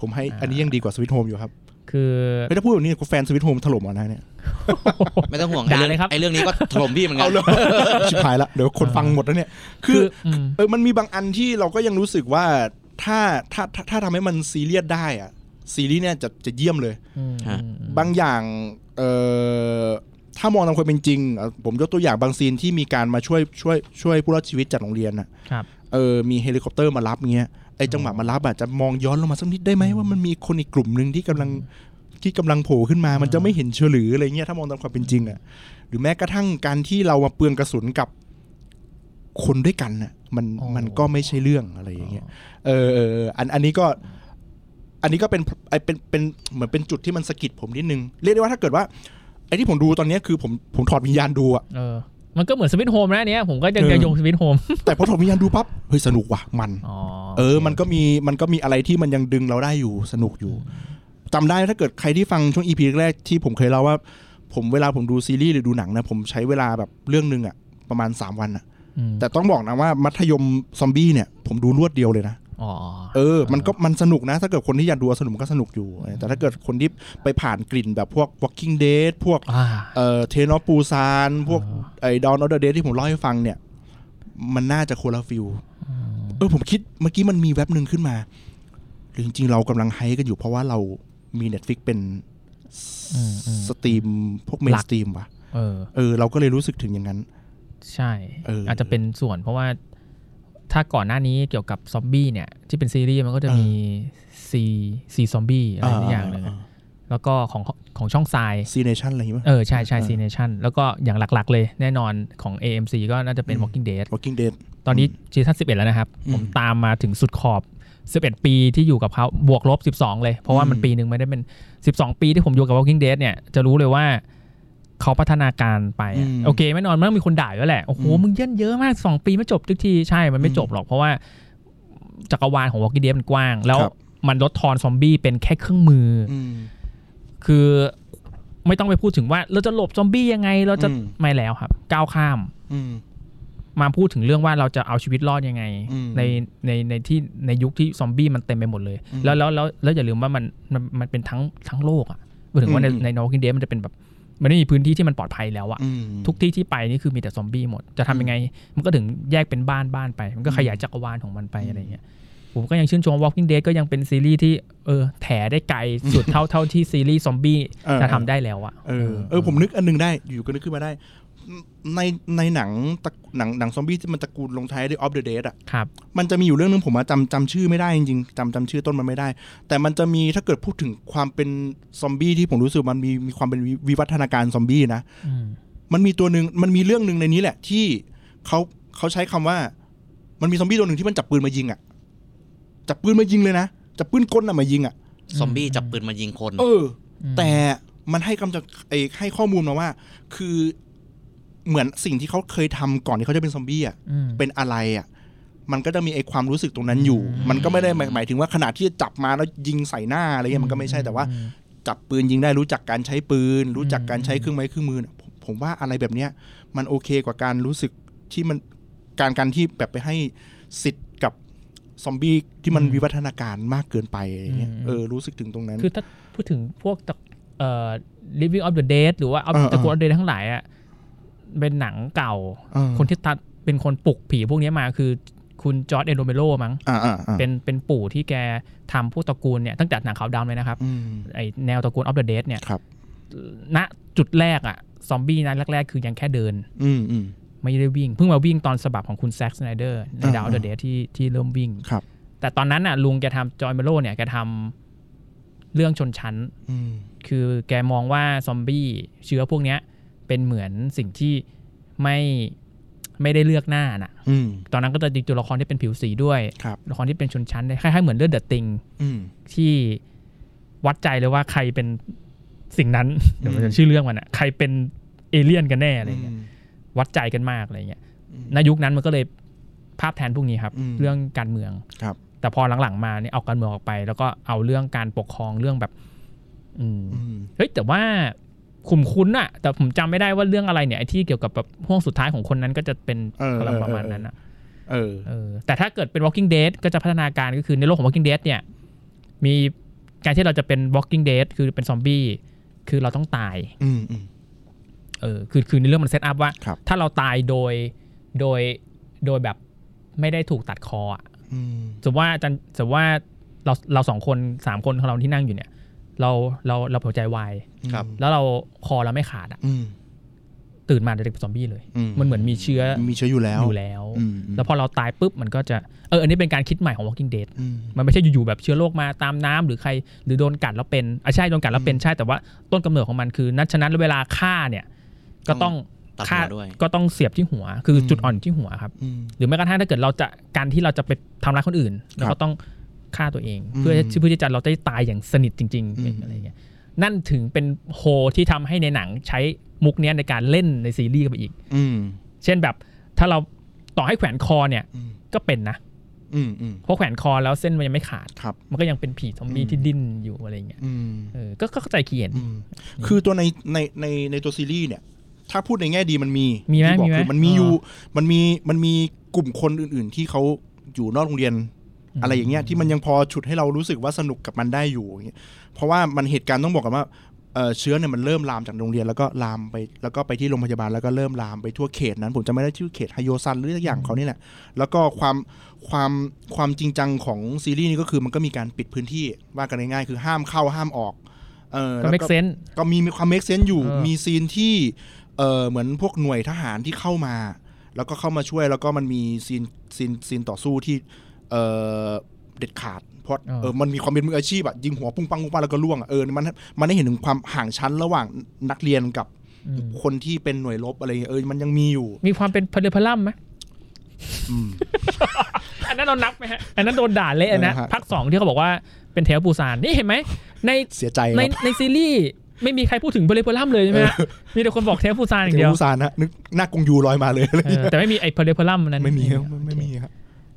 Speaker 3: ผมให้อันนี้ยังดีกว่าสวิตโฮมอยู่ครับ
Speaker 2: คือ
Speaker 3: ไม่ถ้าพูดแบบนี้กูแฟนสวิตโฮมถล่มเอ่ะนะเนี่ย
Speaker 4: ไม่ต้องห่วง
Speaker 2: ด่า
Speaker 4: ไอ้
Speaker 2: เล
Speaker 4: เรื่
Speaker 2: ย
Speaker 4: อง
Speaker 2: ครับ
Speaker 4: ไอ้เรื่องนี้ก็ถล่มพี่เหมือนกั
Speaker 3: เอา
Speaker 4: น
Speaker 3: เลย ชิบหายละเดี๋ยวคนฟังหมดแล้วเนี่ย คือ
Speaker 2: อืม
Speaker 3: เออ มันมีบางอันที่เราก็ยังรู้สึกว่าถ้าถ้าถ้าถ้าทำให้มันซีเรียสได้อะซีรีส์เนี่ยจะจะเยี่ยมเลย
Speaker 2: อืม
Speaker 4: ฮะ
Speaker 3: บางอย่างเอ่อถ้ามองตามความเป็นจริงเอ่อผมยกตัวอย่างบางซีนที่มีการมาช่วยช่วยช่วยผู้รอดชีวิตจากโรงเรียนน่ะ
Speaker 2: ครับ
Speaker 3: เออมีเฮลิคอปเตอร์มารับเงี้ยไอจังหวะมารับอาจจะมองย้อนลงมาสักนิดได้ไหมว่ามันมีคนอีกกลุ่มหนึ่งที่กำลังที่กำลังโผล่ขึ้นมา มันจะไม่เห็นเชยวหรืออะไรเงี้ยถ้ามองตามความเป็นจริงอ่ะหรือแม้กระทั่งการที่เรามาเปลืองกระสุนกับคนด้วยกันน่ะมัน
Speaker 2: อ๋อ
Speaker 3: มันก็ไม่ใช่เรื่องอะไรอย่างเงี้ย เออเออเอออันอันนี้ก็ อันนี้ก็เป็นไอเป็นเป็นเหมือนเป็นจุดที่มันสะกิดผมนิดนึง เรียกได้ว่าถ้าเกิดว่า ไอ้ที่ผมดูตอนเนี้ยคือผมผมถอดวิญญาณดู อะ
Speaker 2: เออ มันก็เหมือนสวิตโฮมนะอันเนี้ยผมก็ยัง
Speaker 3: เออ
Speaker 2: จะโยงสวิตโฮม
Speaker 3: แต่พอถอดวิญญาณดูปั๊บเฮ้ยสนุกว่ะมัน
Speaker 2: อ๋อ
Speaker 3: เออ มันก็มีมันก็มีอะไรที่มันยังดึงเราได้อยู่สนุกอยู่จำได้ถ้าเกิดใครที่ฟังช่วงอีพีแรกๆที่ผมเคยเล่าว่า ผมเวลาผมดูซีรีส์หรือดูหนังนะผมใช้เวลาแบบเรื่องหนึงอะประมาณสามวันอะ
Speaker 2: อืม
Speaker 3: แต่ต้องบอกนะว่ามัธยมซอมบี้เนี่ยผมดูรวดเดียวเลยนะ
Speaker 2: อ๋อ
Speaker 3: เออ มันก็มันสนุกนะ ถ้าเกิดคนที่อยากดูสนุกมันก็สนุกอยู่ แต่ถ้าเกิดคนที่ไปผ่านกลิ่นแบบพวก Walking Dead พวก
Speaker 2: อ่า
Speaker 3: เอ่อเทนอปูซานพวกไอ้ดอนอเดเดที่ผมเล่าให้ฟังเนี่ย มันน่าจะโคนละฟิลเออผมคิดเมื่อกี้มันมีแว็บหนึ่งขึ้นมา หรือจริง ๆ เรากำลังไฮป์กันอยู่เพราะว่าเรามี Netflix เป็น
Speaker 2: อืมอืม
Speaker 3: สตรีมพวกเม
Speaker 2: ห
Speaker 3: น
Speaker 2: ลัก
Speaker 3: สตรีมว่ะ
Speaker 2: เออ
Speaker 3: เออเราก็เลยรู้สึกถึงอย่างนั้น
Speaker 2: ใช่
Speaker 3: เอออ
Speaker 2: อาจจะเป็นส่วนเพราะว่าถ้าก่อนหน้านี้เกี่ยวกับซอมบี้เนี่ย ที่เป็นซีรีส์มันก็จะ
Speaker 3: เออ
Speaker 2: มีซีซีซอมบี้อะไรสักอย่างหนึ่ง
Speaker 3: อ่าอ่า
Speaker 2: แล้วก็ของของช่องทราย
Speaker 3: ซีเนชั่นอะไรอย่างงี้ป่ะ
Speaker 2: เออ ใช่ใช่
Speaker 3: เออ
Speaker 2: ซีเนชั่นแล้วก็อย่างหลักๆ เลยแน่นอนของ AMC ก็น่าจะเป็น Walking Dead
Speaker 3: Walking Dead
Speaker 2: ตอนนี้ซีซั่น11 แล้วนะครับ ผมตามมาถึงสุดขอบ 11 ปีที่อยู่กับเขาบวกลบ 12 เลย เพราะว่ามันปีหนึ่งไม่ได้เป็น 12 ปีที่ผมอยู่กับ Walking Dead เนี่ยจะรู้เลยว่าเขาพัฒนาการไปอะ
Speaker 3: อืม
Speaker 2: โอเคแน่นอนมันต้องมีคนด่าอยู่แล้วแหละ โอ้โห
Speaker 3: อืม
Speaker 2: มึงเยินเยอะมาก 2 ปีไม่จบทุกทีใช่มันไม่จบหรอก เพราะว่าจักรวาลของ Walking Dead มันกว้าง แล้วมันลดทอนซอมบี้เป็นแค่เครื่องมืออ
Speaker 3: อืม
Speaker 2: คือไม่ต้องไปพูดถึงว่าเราจะหลบซอมบี้ยังไงเราจะ
Speaker 3: อืม
Speaker 2: ไม่แล้วครับ ก้าวข้าม
Speaker 3: อืม
Speaker 2: มาพูดถึงเรื่องว่าเราจะเอาชีวิตรอดยังไง
Speaker 3: อืม
Speaker 2: ในในในที่ในยุคที่ซอมบี้มันเต็มไปหมดเลย แล้วแล้วแล้วแล้วอย่าลืมว่ามันมันมันเป็นทั้งทั้งโลกอ่ะหมายถึงว่าใน
Speaker 3: อืม
Speaker 2: ในนอกินเดมันจะเป็นแบบมันไม่มีพื้นที่ที่มันปลอดภัยแล้วอ่ะ
Speaker 3: อืม
Speaker 2: ทุกที่ที่ไปนี่คือมีแต่ซอมบี้หมด จะทำยังไง มันก็ถึงแยกเป็นบ้านบ้านไป มันก็ขยายจักรวาลของมันไปอะไรเงี้ย ผมก็ยังชื่นชม Walking Dead ก็ยังเป็นซีรีส์ที่เออแถได้ไกล สุดเท่าเท่าที่ซีรีส์ซอมบี้
Speaker 3: เออ
Speaker 2: จะทำได้แล้วอะ
Speaker 3: เออเออผมนึกอันหนึงได้อยู่ก็นึกขึ้นมาได้ ในในหนังตระหนังหนังซอมบี้ที่มันตระกูลลงท้ายด้วยออฟเดอะเดอะ
Speaker 2: ครับ
Speaker 3: มันจะมีอยู่เรื่องนึงผมอะจำจำชื่อไม่ได้จริงๆจำจำชื่อต้นมันไม่ได้ แต่มันจะมีถ้าเกิดพูดถึงความเป็นซอมบี้ที่ผมรู้สึกมันมีมีความเป็นวิวิวัฒนาการซอมบี้นะ
Speaker 2: อืม
Speaker 3: มันมีตัวหนึ่งมันมีเรื่องหนึ่งในนี้แหละ ที่เขาเขาใช้คำว่า มันมีซอมบี้ตัวหนึ่งที่มันจับปืนมายิงอะ่ะจับปืนมายิงเลยนะจับปืนก้นน่ะมายิงอะ่ะ
Speaker 4: ซอมบี้จับปืนมายิงคน
Speaker 3: เออ
Speaker 2: อืม
Speaker 3: แต่มันให้กำจัดไอ้ให้ข้อมูลมาว่า คือเหมือนสิ่งที่เขาเคยทำก่อนที่เขาจะเป็นซอมบี้อ่ะ
Speaker 2: อืม
Speaker 3: เป็นอะไรอ่ะมันก็จะมีไอ้ความรู้สึกตรงนั้นอยู่ มันก็ไม่ได้หมายหมายถึงว่าขนาดที่จับมาแล้วยิงใส่หน้าอะไรเงี้ยมันก็ไม่ใช่แต่ว่า จับปืนยิงได้รู้จักการใช้ปืน รู้จักการใช้เครื่องไม้เครื่องมือน่ะผมผมว่าอะไรแบบเนี้ยมันโอเคกว่าการรู้สึกที่มันการการที่แบบไปให้สิทธิ์กับซอมบี้ที่มัน
Speaker 2: อืม
Speaker 3: วิวัฒนาการมากเกินไปอะไรเงี้ย
Speaker 2: อืม
Speaker 3: เออรู้สึกถึงตรงนั้น
Speaker 2: คือถ้าพูดถึงพวกตระเอ่อ Living of the Dead หรือว่า of
Speaker 3: เออเออ
Speaker 2: ตระกูล of the Dead ทั้งหลายอะเป็นหนังเก่า
Speaker 3: เออ
Speaker 2: คนที่ตัดเป็นคนปลุกผีพวกนี้มาคือคุณจอร์ดเอโดเมโลมั้ง
Speaker 3: อ่าอ่าอ่า
Speaker 2: เป็นเป็นปู่ที่แกทำพวกตระกูลเนี่ยตั้งแต่หนังขาวดำเลยนะครับ
Speaker 3: อืม
Speaker 2: ไอแนวตระกูลออฟเดอะเดดเนี่ย
Speaker 3: ครับ
Speaker 2: ณจุดแรกอะซอมบี้นะแรก ๆ คือยังแค่เดิน
Speaker 3: อืมอืม
Speaker 2: ไม่ได้วิ่ง เพิ่งมาวิ่งตอนฉบับของคุณแซ็กสไนเดอร์ใน
Speaker 3: อ่า
Speaker 2: ดาวเดอะเดดที่ที่เริ่มวิ่ง
Speaker 3: ครับ
Speaker 2: แต่ตอนนั้นน่ะลุงแกทำจอยเมโลเนี่ยแกทำเรื่องชนชั้น
Speaker 3: อืม
Speaker 2: คือแกมองว่าซอมบี้เชื้อพวกเนี้ยเป็นเหมือนสิ่งที่ไม่ไม่ได้เลือกหน้าน่ะ
Speaker 3: อืม
Speaker 2: ตอนนั้นก็จะมีตัวละครที่เป็นผิวสีด้วย
Speaker 3: ครับ
Speaker 2: ละครที่เป็นชนชั้นด้วยคล้ายๆเหมือนเลือดเดอะติง
Speaker 3: อืม
Speaker 2: ที่วัดใจเลยว่าใครเป็นสิ่งนั้น เดี๋ยวมันจะชื่อเรื่องมันอะใครเป็นเอเลี่ยนกันแน่อะไรเงี้ยวัดใจกันมากอะไรเงี้ย
Speaker 3: อืม
Speaker 2: ในยุคนั้นมันก็เลยภาพแทนพวกนี้ครับ
Speaker 3: อืม
Speaker 2: เรื่องการเมือง
Speaker 3: ครับ
Speaker 2: แต่พอหลังๆมาเนี่ยเอาการเมืองออกไป แล้วก็เอาเรื่องการปกครองเรื่องแบบ อืม
Speaker 3: อืม
Speaker 2: เฮ้ยแต่ว่าขุมคุ้นอะแต่ผมจำไม่ได้ว่าเรื่องอะไรเนี่ยไอ้ที่เกี่ยวกับแบบห่วงสุดท้ายของคนนั้นก็จะเป็น
Speaker 3: เออ
Speaker 2: อะไรประมาณ
Speaker 3: เออ
Speaker 2: นั้นอะ
Speaker 3: เออ
Speaker 2: เออแต่ถ้าเกิดเป็น Walking Dead ก็จะพัฒนาการก็คือในโลกของ Walking Dead เนี่ยมีการที่เราจะเป็น Walking Dead คือเป็นซอมบี้คือเราต้องตาย
Speaker 3: อืมอืม
Speaker 2: เออคือคือในเรื่องมันเซตอัพว่า
Speaker 3: ครับ
Speaker 2: ถ้าเราตายโดยโดยโดยแบบไม่ได้ถูกตัดคออะ
Speaker 3: อืม
Speaker 2: สมมติว่าอาจันสมมติว่าเราเราสองคนสามคนของเราที่นั่งอยู่เนี่ย เราเราเราหัวใจวาย
Speaker 4: ครับ
Speaker 2: แล้วเราคอเราไม่ขาดอะ
Speaker 3: อืม
Speaker 2: ตื่นมาจะเป็นซอมบี้เลย
Speaker 3: อืม
Speaker 2: มันเหมือนมีเชื้อ
Speaker 3: มีเชื้ออยู่แล้ว
Speaker 2: อยู่แล้ว
Speaker 3: อืมอืม
Speaker 2: แล้วพอเราตายปุ๊บมันก็จะเอออันนี้เป็นการคิดใหม่ของ Walking Dead
Speaker 3: อืม
Speaker 2: มันไม่ใช่อยู่ๆแบบเชื้อโรคมาตามน้ำหรือใครหรือโดนกัดแล้วเป็นอ่ะใช่โดนกัดแล้วเป็นใช่แต่ว่าต้นกำเนิดของมันคือนัฉะนั้นเวลาฆ่าเนี่ยก็ต้อง
Speaker 4: ตัด
Speaker 2: ฆ่า
Speaker 4: หัวด้วย
Speaker 2: ก็ต้องเสียบที่หัว คืออ
Speaker 3: ม
Speaker 2: จุดอ่อนที่หัวครับ
Speaker 3: อืม
Speaker 2: หรือแม้กระทั่งถ้าเกิดเราจะการที่เราจะไปทำร้ายคนอื่นเราก็ต้องฆ่าตัวเอง เพื่อ
Speaker 3: อืม
Speaker 2: เพื่อที่จะเราจะได้ตายอย่างสนิทจริง
Speaker 3: อืม
Speaker 2: ๆอะไรอย่างเงี้ยนั่นถึงเป็นโฮที่ทำให้ในหนังใช้มุกเนี้ยในการเล่นในซีรีส์กันไปอีก
Speaker 3: อืม
Speaker 2: เช่นแบบถ้าเราต่อให้แขวนคอเนี่ย
Speaker 3: อืม
Speaker 2: ก็เป็นนะ
Speaker 3: อืม อืม
Speaker 2: เพราะแขวนคอแล้วเส้นมันยังไม่ขาด
Speaker 3: ครับ
Speaker 2: มันก็ยังเป็นผีซอมบี้
Speaker 3: อืม
Speaker 2: ที่ดิ้นอยู่อะไรเงี้ย
Speaker 3: อืม
Speaker 2: เออ ก็ก็เข้าใจเขียน
Speaker 3: อืมคือตัวในในในในตัวซีรีส์เนี่ย ถ้าพูดในแง่ดีมันมี
Speaker 2: มีไหม
Speaker 3: ที่บอก
Speaker 2: มีไหม
Speaker 3: คือมันมี
Speaker 2: เออ
Speaker 3: อ
Speaker 2: อ
Speaker 3: ยู่มันมีมันมีกลุ่มคนอื่น ๆ ที่เขาอยู่นอกโรงเรียน อะไรอย่างเงี้ยที่มันยังพอฉุดให้เรารู้สึกว่าสนุกกับมันได้อยู่อย่างเงี้ยเพราะว่ามันเหตุการณ์ต้องบอกกันว่าเอ่อเชื้อเนี่ยมันเริ่มลามจากโรงเรียนแล้วก็ลามไปแล้วก็ไปที่โรงพยาบาลแล้วก็เริ่มลามไปทั่วเขตนั้น ผมจะไม่ได้ชื่อเขตไฮโยซันหรือสักอย่างของเขานี่แหละแล้วก็ความความความจริงจังของซีรีส์นี่ก็คือมันก็มีการปิดพื้นที่ว่ากันง่ายๆคือห้ามเข้าห้ามออกเออ
Speaker 2: ก็
Speaker 3: แล้ว
Speaker 2: เมกเซน
Speaker 3: ก็มีมีความเม e เซน s ์อยู่
Speaker 2: เออ
Speaker 3: มีซีนที่เออเหมือนพวกหน่วยทหารที่เข้ามา แล้วก็เข้ามาช่วยแล้วก็มันมีซีนซีนซีนต่อสู้ที่เออเด็ดขาดเพราะเออมันมีความเป็นมืออาชีพอะยิงหัวปุ้งปังปุ้งปังแล้วก็ล่วงอะเออมันมันได้เห็นถึงความห่างชั้นระหว่างนักเรียนกับคนที่เป็นหน่วยรบอะไรอย่างเงี้ยเออมันยังมีอยู่
Speaker 2: มีความเป็นพลเรือพลัมไหม
Speaker 3: อืม
Speaker 2: อันนั้นเรานับไหมฮะ อันนั้นโดนด่าเละนะ
Speaker 3: เออฮะ
Speaker 2: พักสองที่เขาบอกว่าเป็นแถวปูซาน นี่เห็นไหม ใน
Speaker 3: เสียใจ
Speaker 2: ใน
Speaker 3: ครับ
Speaker 2: ในซีรีส์ไม่มีใครพูดถึงพลเรือพลัมเลยใช่ไหมฮะ มีแต่คนบอกแถวปูซานอย่าง
Speaker 3: เดี
Speaker 2: เดี
Speaker 3: ย
Speaker 2: ยว
Speaker 3: วซานนะนึกหน้ากงยูลอยมาเลย อะไร
Speaker 2: เอ
Speaker 3: เงี้ย
Speaker 2: อแต่ไม่มีไอ้พลเรือพลัมนั้น
Speaker 3: ไม่มีครับไม่ไม่มีครับ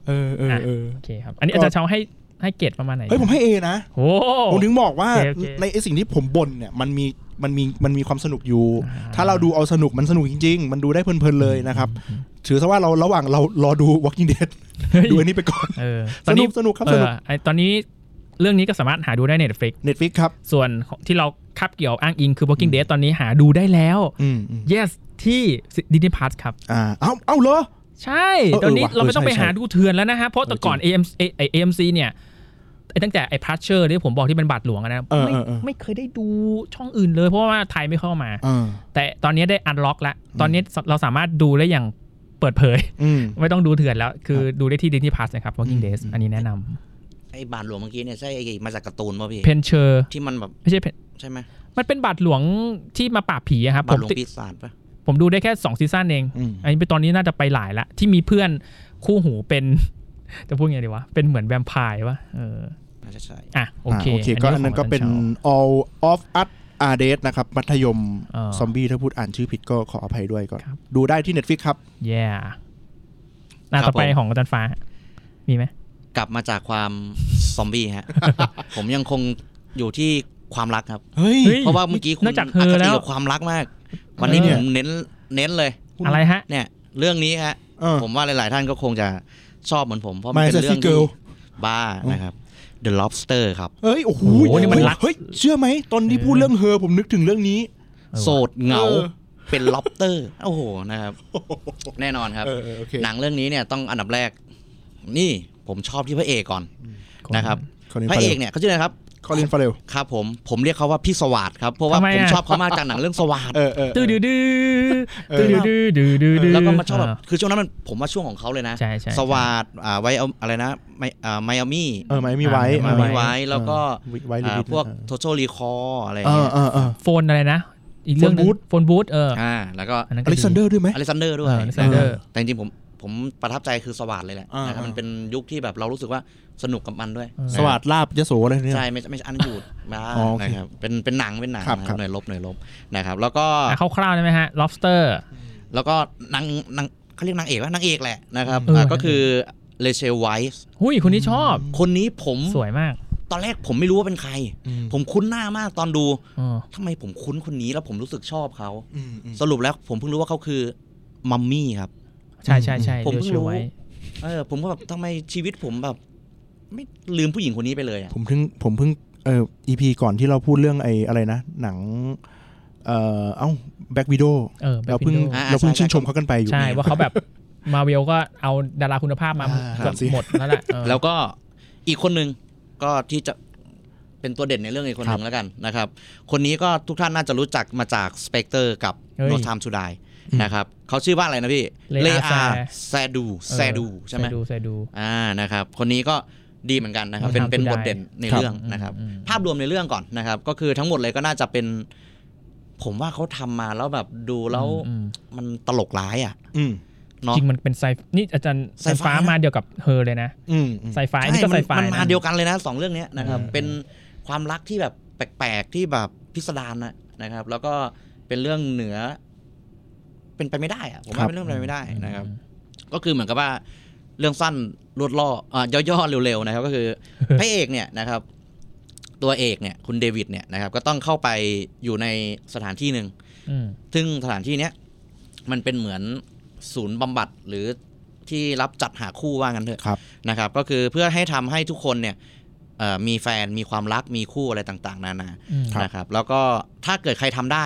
Speaker 3: เออเออเออ
Speaker 2: โอเคครับ อันนี้อาจารย์เช้าให้ให้เกรดประมาณไหน
Speaker 3: เฮ้ยผมให้เอนะ
Speaker 2: โอ้
Speaker 3: ผมถึงบอกว่า
Speaker 2: โอเคโอเค
Speaker 3: ในไอสิ่งที่ผมบ่นเนี่ยมันมี มันมีมันมีความสนุกอยู่ ถ้าเราดูเอาสนุกมันสนุกจริง ๆ มันดูได้เพลินๆเลยนะครับ ถือซะว่าเราระหว่างเรารอดู Walking Dead
Speaker 2: เฮ้ย
Speaker 3: ดูอันนี้ไปก่อน
Speaker 2: เออต
Speaker 3: ส
Speaker 2: อน
Speaker 3: นุ
Speaker 2: นี้
Speaker 3: กสนุกครับ
Speaker 2: เอ
Speaker 3: สนุ
Speaker 2: อก ไอ้ตอนนี้เรื่องนี้ก็สามารถหาดูได้ใน Netflix
Speaker 3: Netflix ครับ
Speaker 2: ส่วนที่เราคับเกี่ยวอ้างอิงคือ Walking Dead ตอนนี้หาดูได้แล้ว
Speaker 3: อืมอืม
Speaker 2: yes ที่ดิจิพัทครับ
Speaker 3: อ่าเอ้าเอ้าเหรอ
Speaker 2: ใช่
Speaker 3: เออเออ
Speaker 2: ตอนนี้
Speaker 3: ว่ะ
Speaker 2: เราไม่ต้อง
Speaker 3: เออ
Speaker 2: ไป
Speaker 3: ใช่
Speaker 2: หาดูเถื่อนแล้วนะฮะเพราะแต่ก่อน
Speaker 3: เอ
Speaker 2: AM เอ AMC เนี่ยไอ้ตั้งแต่ไอ้พัชเชอร์ที่ผมบอกที่เป็นบาทหลวงอะนะ
Speaker 3: เออ
Speaker 2: ไม่
Speaker 3: เออเออ
Speaker 2: ไม่เคยได้ดูช่องอื่นเลย เพราะว่าไทยไม่เข้ามา
Speaker 3: อ่า
Speaker 2: แต่ตอนนี้ได้อันล็อกแล้ว ตอนนี้เราสามารถดูได้อย่างเปิดเผย
Speaker 3: อืม
Speaker 2: ไม่ต้องดูเถื่อนแล้ว คือดูได้ที่ดิสนีย์พาสนะครับ Walking Days อันนี้แนะน
Speaker 4: ไอ้บาทหลวงเมื่อกี้เนี่ยใช่ไอ้มาจากการ์ตูนป่ะพี่
Speaker 2: ำเพนเชอร์
Speaker 4: ที่มันแบบ
Speaker 2: ไม่ใช่เพน
Speaker 4: ใช่ไหม
Speaker 2: มันเป็นบาทหลวงที่มาปราบผีอะครับ
Speaker 4: บา
Speaker 2: ผม
Speaker 4: ทหลวง
Speaker 2: ติด
Speaker 4: ปีศาจป่ะ
Speaker 2: ผมดูได้แค่2ซีซั่นเอง
Speaker 3: อืม
Speaker 2: อันนี้เป็นตอนนี้น่าจะไปหลายละที่มีเพื่อนคู่หูเป็น จะพูดไงดีวะเป็นเหมือนแวมไพร์วะเออ
Speaker 4: น่าจะใช่
Speaker 2: อ่ะโอเค
Speaker 3: อ่าโอเคก็อันนั้นก็เป็น
Speaker 2: ขงวัช
Speaker 3: all of us are dead นะครับ มัธยม
Speaker 2: เออ
Speaker 3: ซอมบี้ถ้าพูดอ่านชื่อผิดก็ขออภัยด้วยก็
Speaker 2: ครับ
Speaker 3: ดูได้ที่ Netflix ครับ
Speaker 2: เย่หน้า
Speaker 4: ครั
Speaker 2: ต่
Speaker 4: บ
Speaker 2: อไป
Speaker 4: ผม
Speaker 2: ของอาจารย์ฟ้า มีไหม
Speaker 4: กลับมาจากความ ซอมบี้ ฮะ ผมยังคงอยู่ที่ความรักครับ
Speaker 3: เฮ้ย
Speaker 4: เพราะว่าเมื่อกี้คุณ
Speaker 2: นอกจากเธอ
Speaker 4: คติ
Speaker 2: แล้ว
Speaker 4: กับความรักมาก วันนี้
Speaker 3: เอ
Speaker 4: ผ
Speaker 3: อ
Speaker 4: มเน้นเน้นเลย
Speaker 2: อะไรฮะ
Speaker 4: เนี่ย เรื่องนี้ฮะ
Speaker 3: เออ
Speaker 4: ผมว่าหลาย ๆ ท่านก็คงจะชอบเหมือนผม เพราะมัน
Speaker 3: My
Speaker 4: เป็นเรื่อง
Speaker 3: Sexy Girl
Speaker 4: ที่บ้านะครับ The Lobster ครับ
Speaker 3: เอ้ย โอ้โห
Speaker 2: โอ้โหนี่มัน
Speaker 3: เฮ้ย
Speaker 2: รัก
Speaker 3: เฮ้ย เชื่อไหม ตอนที่พูดเรื่องเฮอผมนึกถึงเรื่องนี้
Speaker 2: เออ
Speaker 4: โสดเหงา
Speaker 3: เออ
Speaker 4: เป็นล็อบเตอร์โอ้โหนะครับ แน่นอนครับ
Speaker 3: เออเออโอเค
Speaker 4: หนังเรื่องนี้เนี่ยต้องอันดับแรก นี่ผมชอบที่พระเอกก่อน
Speaker 2: คน
Speaker 4: นะครับ
Speaker 3: คอลิน
Speaker 4: พ
Speaker 3: ฟา
Speaker 4: ระ
Speaker 3: เรล
Speaker 4: เอกเนี่ยเขาชื่ออะไรครับ
Speaker 3: คอลินฟาเรล
Speaker 4: ครับผมผมเรียกเขาว่าพี่สวัสดครับ เพราะว่า
Speaker 2: ทำไม
Speaker 4: ผม
Speaker 2: อะ
Speaker 4: ชอบเขามากจากหนังเรื่องสวัสด
Speaker 3: เออเออ
Speaker 2: ตื้อดื้อดื้อ
Speaker 3: เออ
Speaker 2: ตื้อดื้อดื้อดื้อดื้อดื้อ
Speaker 4: แล้วก็มาชอบแบบ
Speaker 2: เ
Speaker 4: คือช่วงนั้นมันผมว่าช่วงของเขาเลยนะ
Speaker 2: ใช่ใช่
Speaker 4: สวัสดอ่าไวเอาอะไรนะไมอ่าไมอามี่
Speaker 3: เออไมมีไว้
Speaker 2: อ่า
Speaker 4: ไมอามี่ไว้
Speaker 3: เออ
Speaker 4: แล้วก็
Speaker 3: ไว้หรือ
Speaker 4: อ่า
Speaker 3: บิดนะ
Speaker 4: พวกโทโชรีคออะไรอย่า
Speaker 3: เอง อ
Speaker 4: เงี้ย
Speaker 3: เออเออ
Speaker 2: โฟนอะไรนะ อีกเรื่องหนึง
Speaker 3: Phone Booth
Speaker 2: โฟนบูธเออ
Speaker 4: อ่าแล้วก็
Speaker 2: อันนั้น
Speaker 3: อเล็กซานเดอร์ด้วยไหม
Speaker 4: อเล็กซานเดอร์ด้วย
Speaker 2: อเล็กซานเดอร์
Speaker 4: แต่จริงๆผมผมประทับใจคือสวัสดเลยแหละ
Speaker 3: อ่าน
Speaker 4: นะครับมันเป็นยุคที่แบบเรารู้สึกว่าสนุกกับมันด้วย
Speaker 2: เออ
Speaker 4: นะ
Speaker 3: สวัสดลาบยโสอะไรเนี่ย
Speaker 4: ใช่ไม่ใช่ไม่ใช่อันอยู่มา
Speaker 3: อ๋อโอเค
Speaker 4: นะครับเป็นเป็นหนังเป็นหนัง
Speaker 3: ครับ
Speaker 4: นะ
Speaker 3: ค
Speaker 4: ค
Speaker 3: รั
Speaker 4: รับบ หน่วยลบหน่วยลบนะครับ แล้วก็
Speaker 2: อ่ะคร่าวๆได้ไหมฮะ lobster
Speaker 4: แล้วก็นางนางเขาเรียกนางเอกว่านางเอกแหละนะครับ
Speaker 2: เออ
Speaker 4: อ่าก็คือเลเชลไวส์
Speaker 2: หุ้ยคนนี้ชอบ
Speaker 4: คนนี้ผม
Speaker 2: สวยมาก
Speaker 4: ตอนแรกผมไม่รู้ว่าเป็นใคร
Speaker 3: อืม
Speaker 4: ผมคุ้นหน้ามากตอนดู
Speaker 2: เออ
Speaker 4: ทำไมผมคุ้นคนนี้แล้วผมรู้สึกชอบเขา
Speaker 3: อืมอืม
Speaker 4: สรุปแล้วผมเพิ่งรู้ว่าเขาคือมัมมี่ครับ
Speaker 2: ใช่ใช่ใช่
Speaker 4: ผม
Speaker 2: เดี๋ยว
Speaker 4: เพิ่ง
Speaker 2: ชื่
Speaker 4: รู้
Speaker 2: อไว้
Speaker 4: เออผมก็แบบทำไมชีวิตผมแบบ ไม่ลืมผู้หญิงคนนี้ไปเลยอะ
Speaker 3: ผมเพิ่งผมเพิ่งเอ่อ EP ก่อนที่เราพูดเรื่องไอ้อะไรนะ หนัง เอ่อเอ้าแบ็กวิดโอ
Speaker 2: เออ Black
Speaker 3: เราเพิ่ง
Speaker 4: Widow อ่า
Speaker 3: เราเพิ่ง
Speaker 4: ใช่
Speaker 3: ชื่นชมเขากันไปอยู่
Speaker 2: ใช่ว่าเขาแบบมาเวลก็เอาดาราคุณภาพมา
Speaker 3: อ่า
Speaker 2: เกือบ
Speaker 3: สิ
Speaker 2: หมดแล้วแหละเออ
Speaker 4: แล้วก็อีกคนหนึ่งก็ที่จะเป็นตัวเด่นในเรื่องอีกคนหนึ่งแล้วกันนะครับ คนนี้ก็ทุกท่านน่าจะรู้จักมาจากสเปกเตอร์กับ
Speaker 2: เฮ้ย
Speaker 4: โนทามชูไดนะครับเขาชื่อว่าอะไรนะพี่
Speaker 2: Lea
Speaker 4: เลอา
Speaker 2: แซ
Speaker 4: แซดูแซดูใช่ไหม
Speaker 2: ใส่ดูใส่ดู
Speaker 4: อ่านะครับ คนนี้ก็ดีเหมือนกันนะครับ
Speaker 2: Notam
Speaker 4: เป็นเป็นบ
Speaker 2: Sudai
Speaker 4: ทเด่นใน
Speaker 2: ครับ
Speaker 4: เรื่องนะครับ
Speaker 2: อืม
Speaker 4: ภาพรวมในเรื่องก่อนนะครับ ก็คือทั้งหมดเลยก็น่าจะเป็น ผมว่าเขาทำมาแล้วแบบดูแล้ว
Speaker 2: อืม
Speaker 4: มันตลกร้ายอ่ะ
Speaker 3: อื
Speaker 2: อืม
Speaker 3: ม
Speaker 4: เนาะ
Speaker 2: จริงมันเป็นไซนี่อาจารย์ไซ
Speaker 4: ไซไฟ
Speaker 2: ฟ้ามาเดียวกับเฮอเลยนะ
Speaker 3: อืมอืม
Speaker 2: ไซฟ้าอันนี่ก็
Speaker 4: ใช่
Speaker 2: ไซ
Speaker 4: มัน
Speaker 2: ฟ้า
Speaker 4: มัน
Speaker 2: นะ
Speaker 4: มาเดียวกันเลยนะสองเรื่องเนี้ยนะครับ
Speaker 2: อืม
Speaker 4: เป็นความรักที่แบบแปลกๆที่แบบพิสดารนะนะครับ แล้วก็เป็นเรื่องเหนือ เป็นไปไม่ได้อะผมว่าเป็นเรื่องไปไม่ได้นะครับ ก็คือเหมือนกับว่าเรื่องสั้นรวดล่ออ่ะย่อๆเร็วๆนะครับ ก็ คือ พระเอกเนี่ยนะครับ ตัวเอกเนี่ย คุณเดวิดเนี่ยนะครับ ก็ต้องเข้าไปอยู่ในสถานที่หนึ่ง
Speaker 2: อืม
Speaker 4: ซึ่งสถานที่เนี้ยมันเป็นเหมือนศูนย์บำบัดหรือที่รับจัดหาคู่ว่างันเถอะ
Speaker 3: ครับ
Speaker 4: นะครับ ก็คือเพื่อให้ทำให้ทุกคนเนี่ยเอ่อมีแฟนมีความรักมีคู่อะไรต่างๆ นานา
Speaker 2: อืม
Speaker 4: นะครับ แล้วก็ถ้าเกิดใครทำได้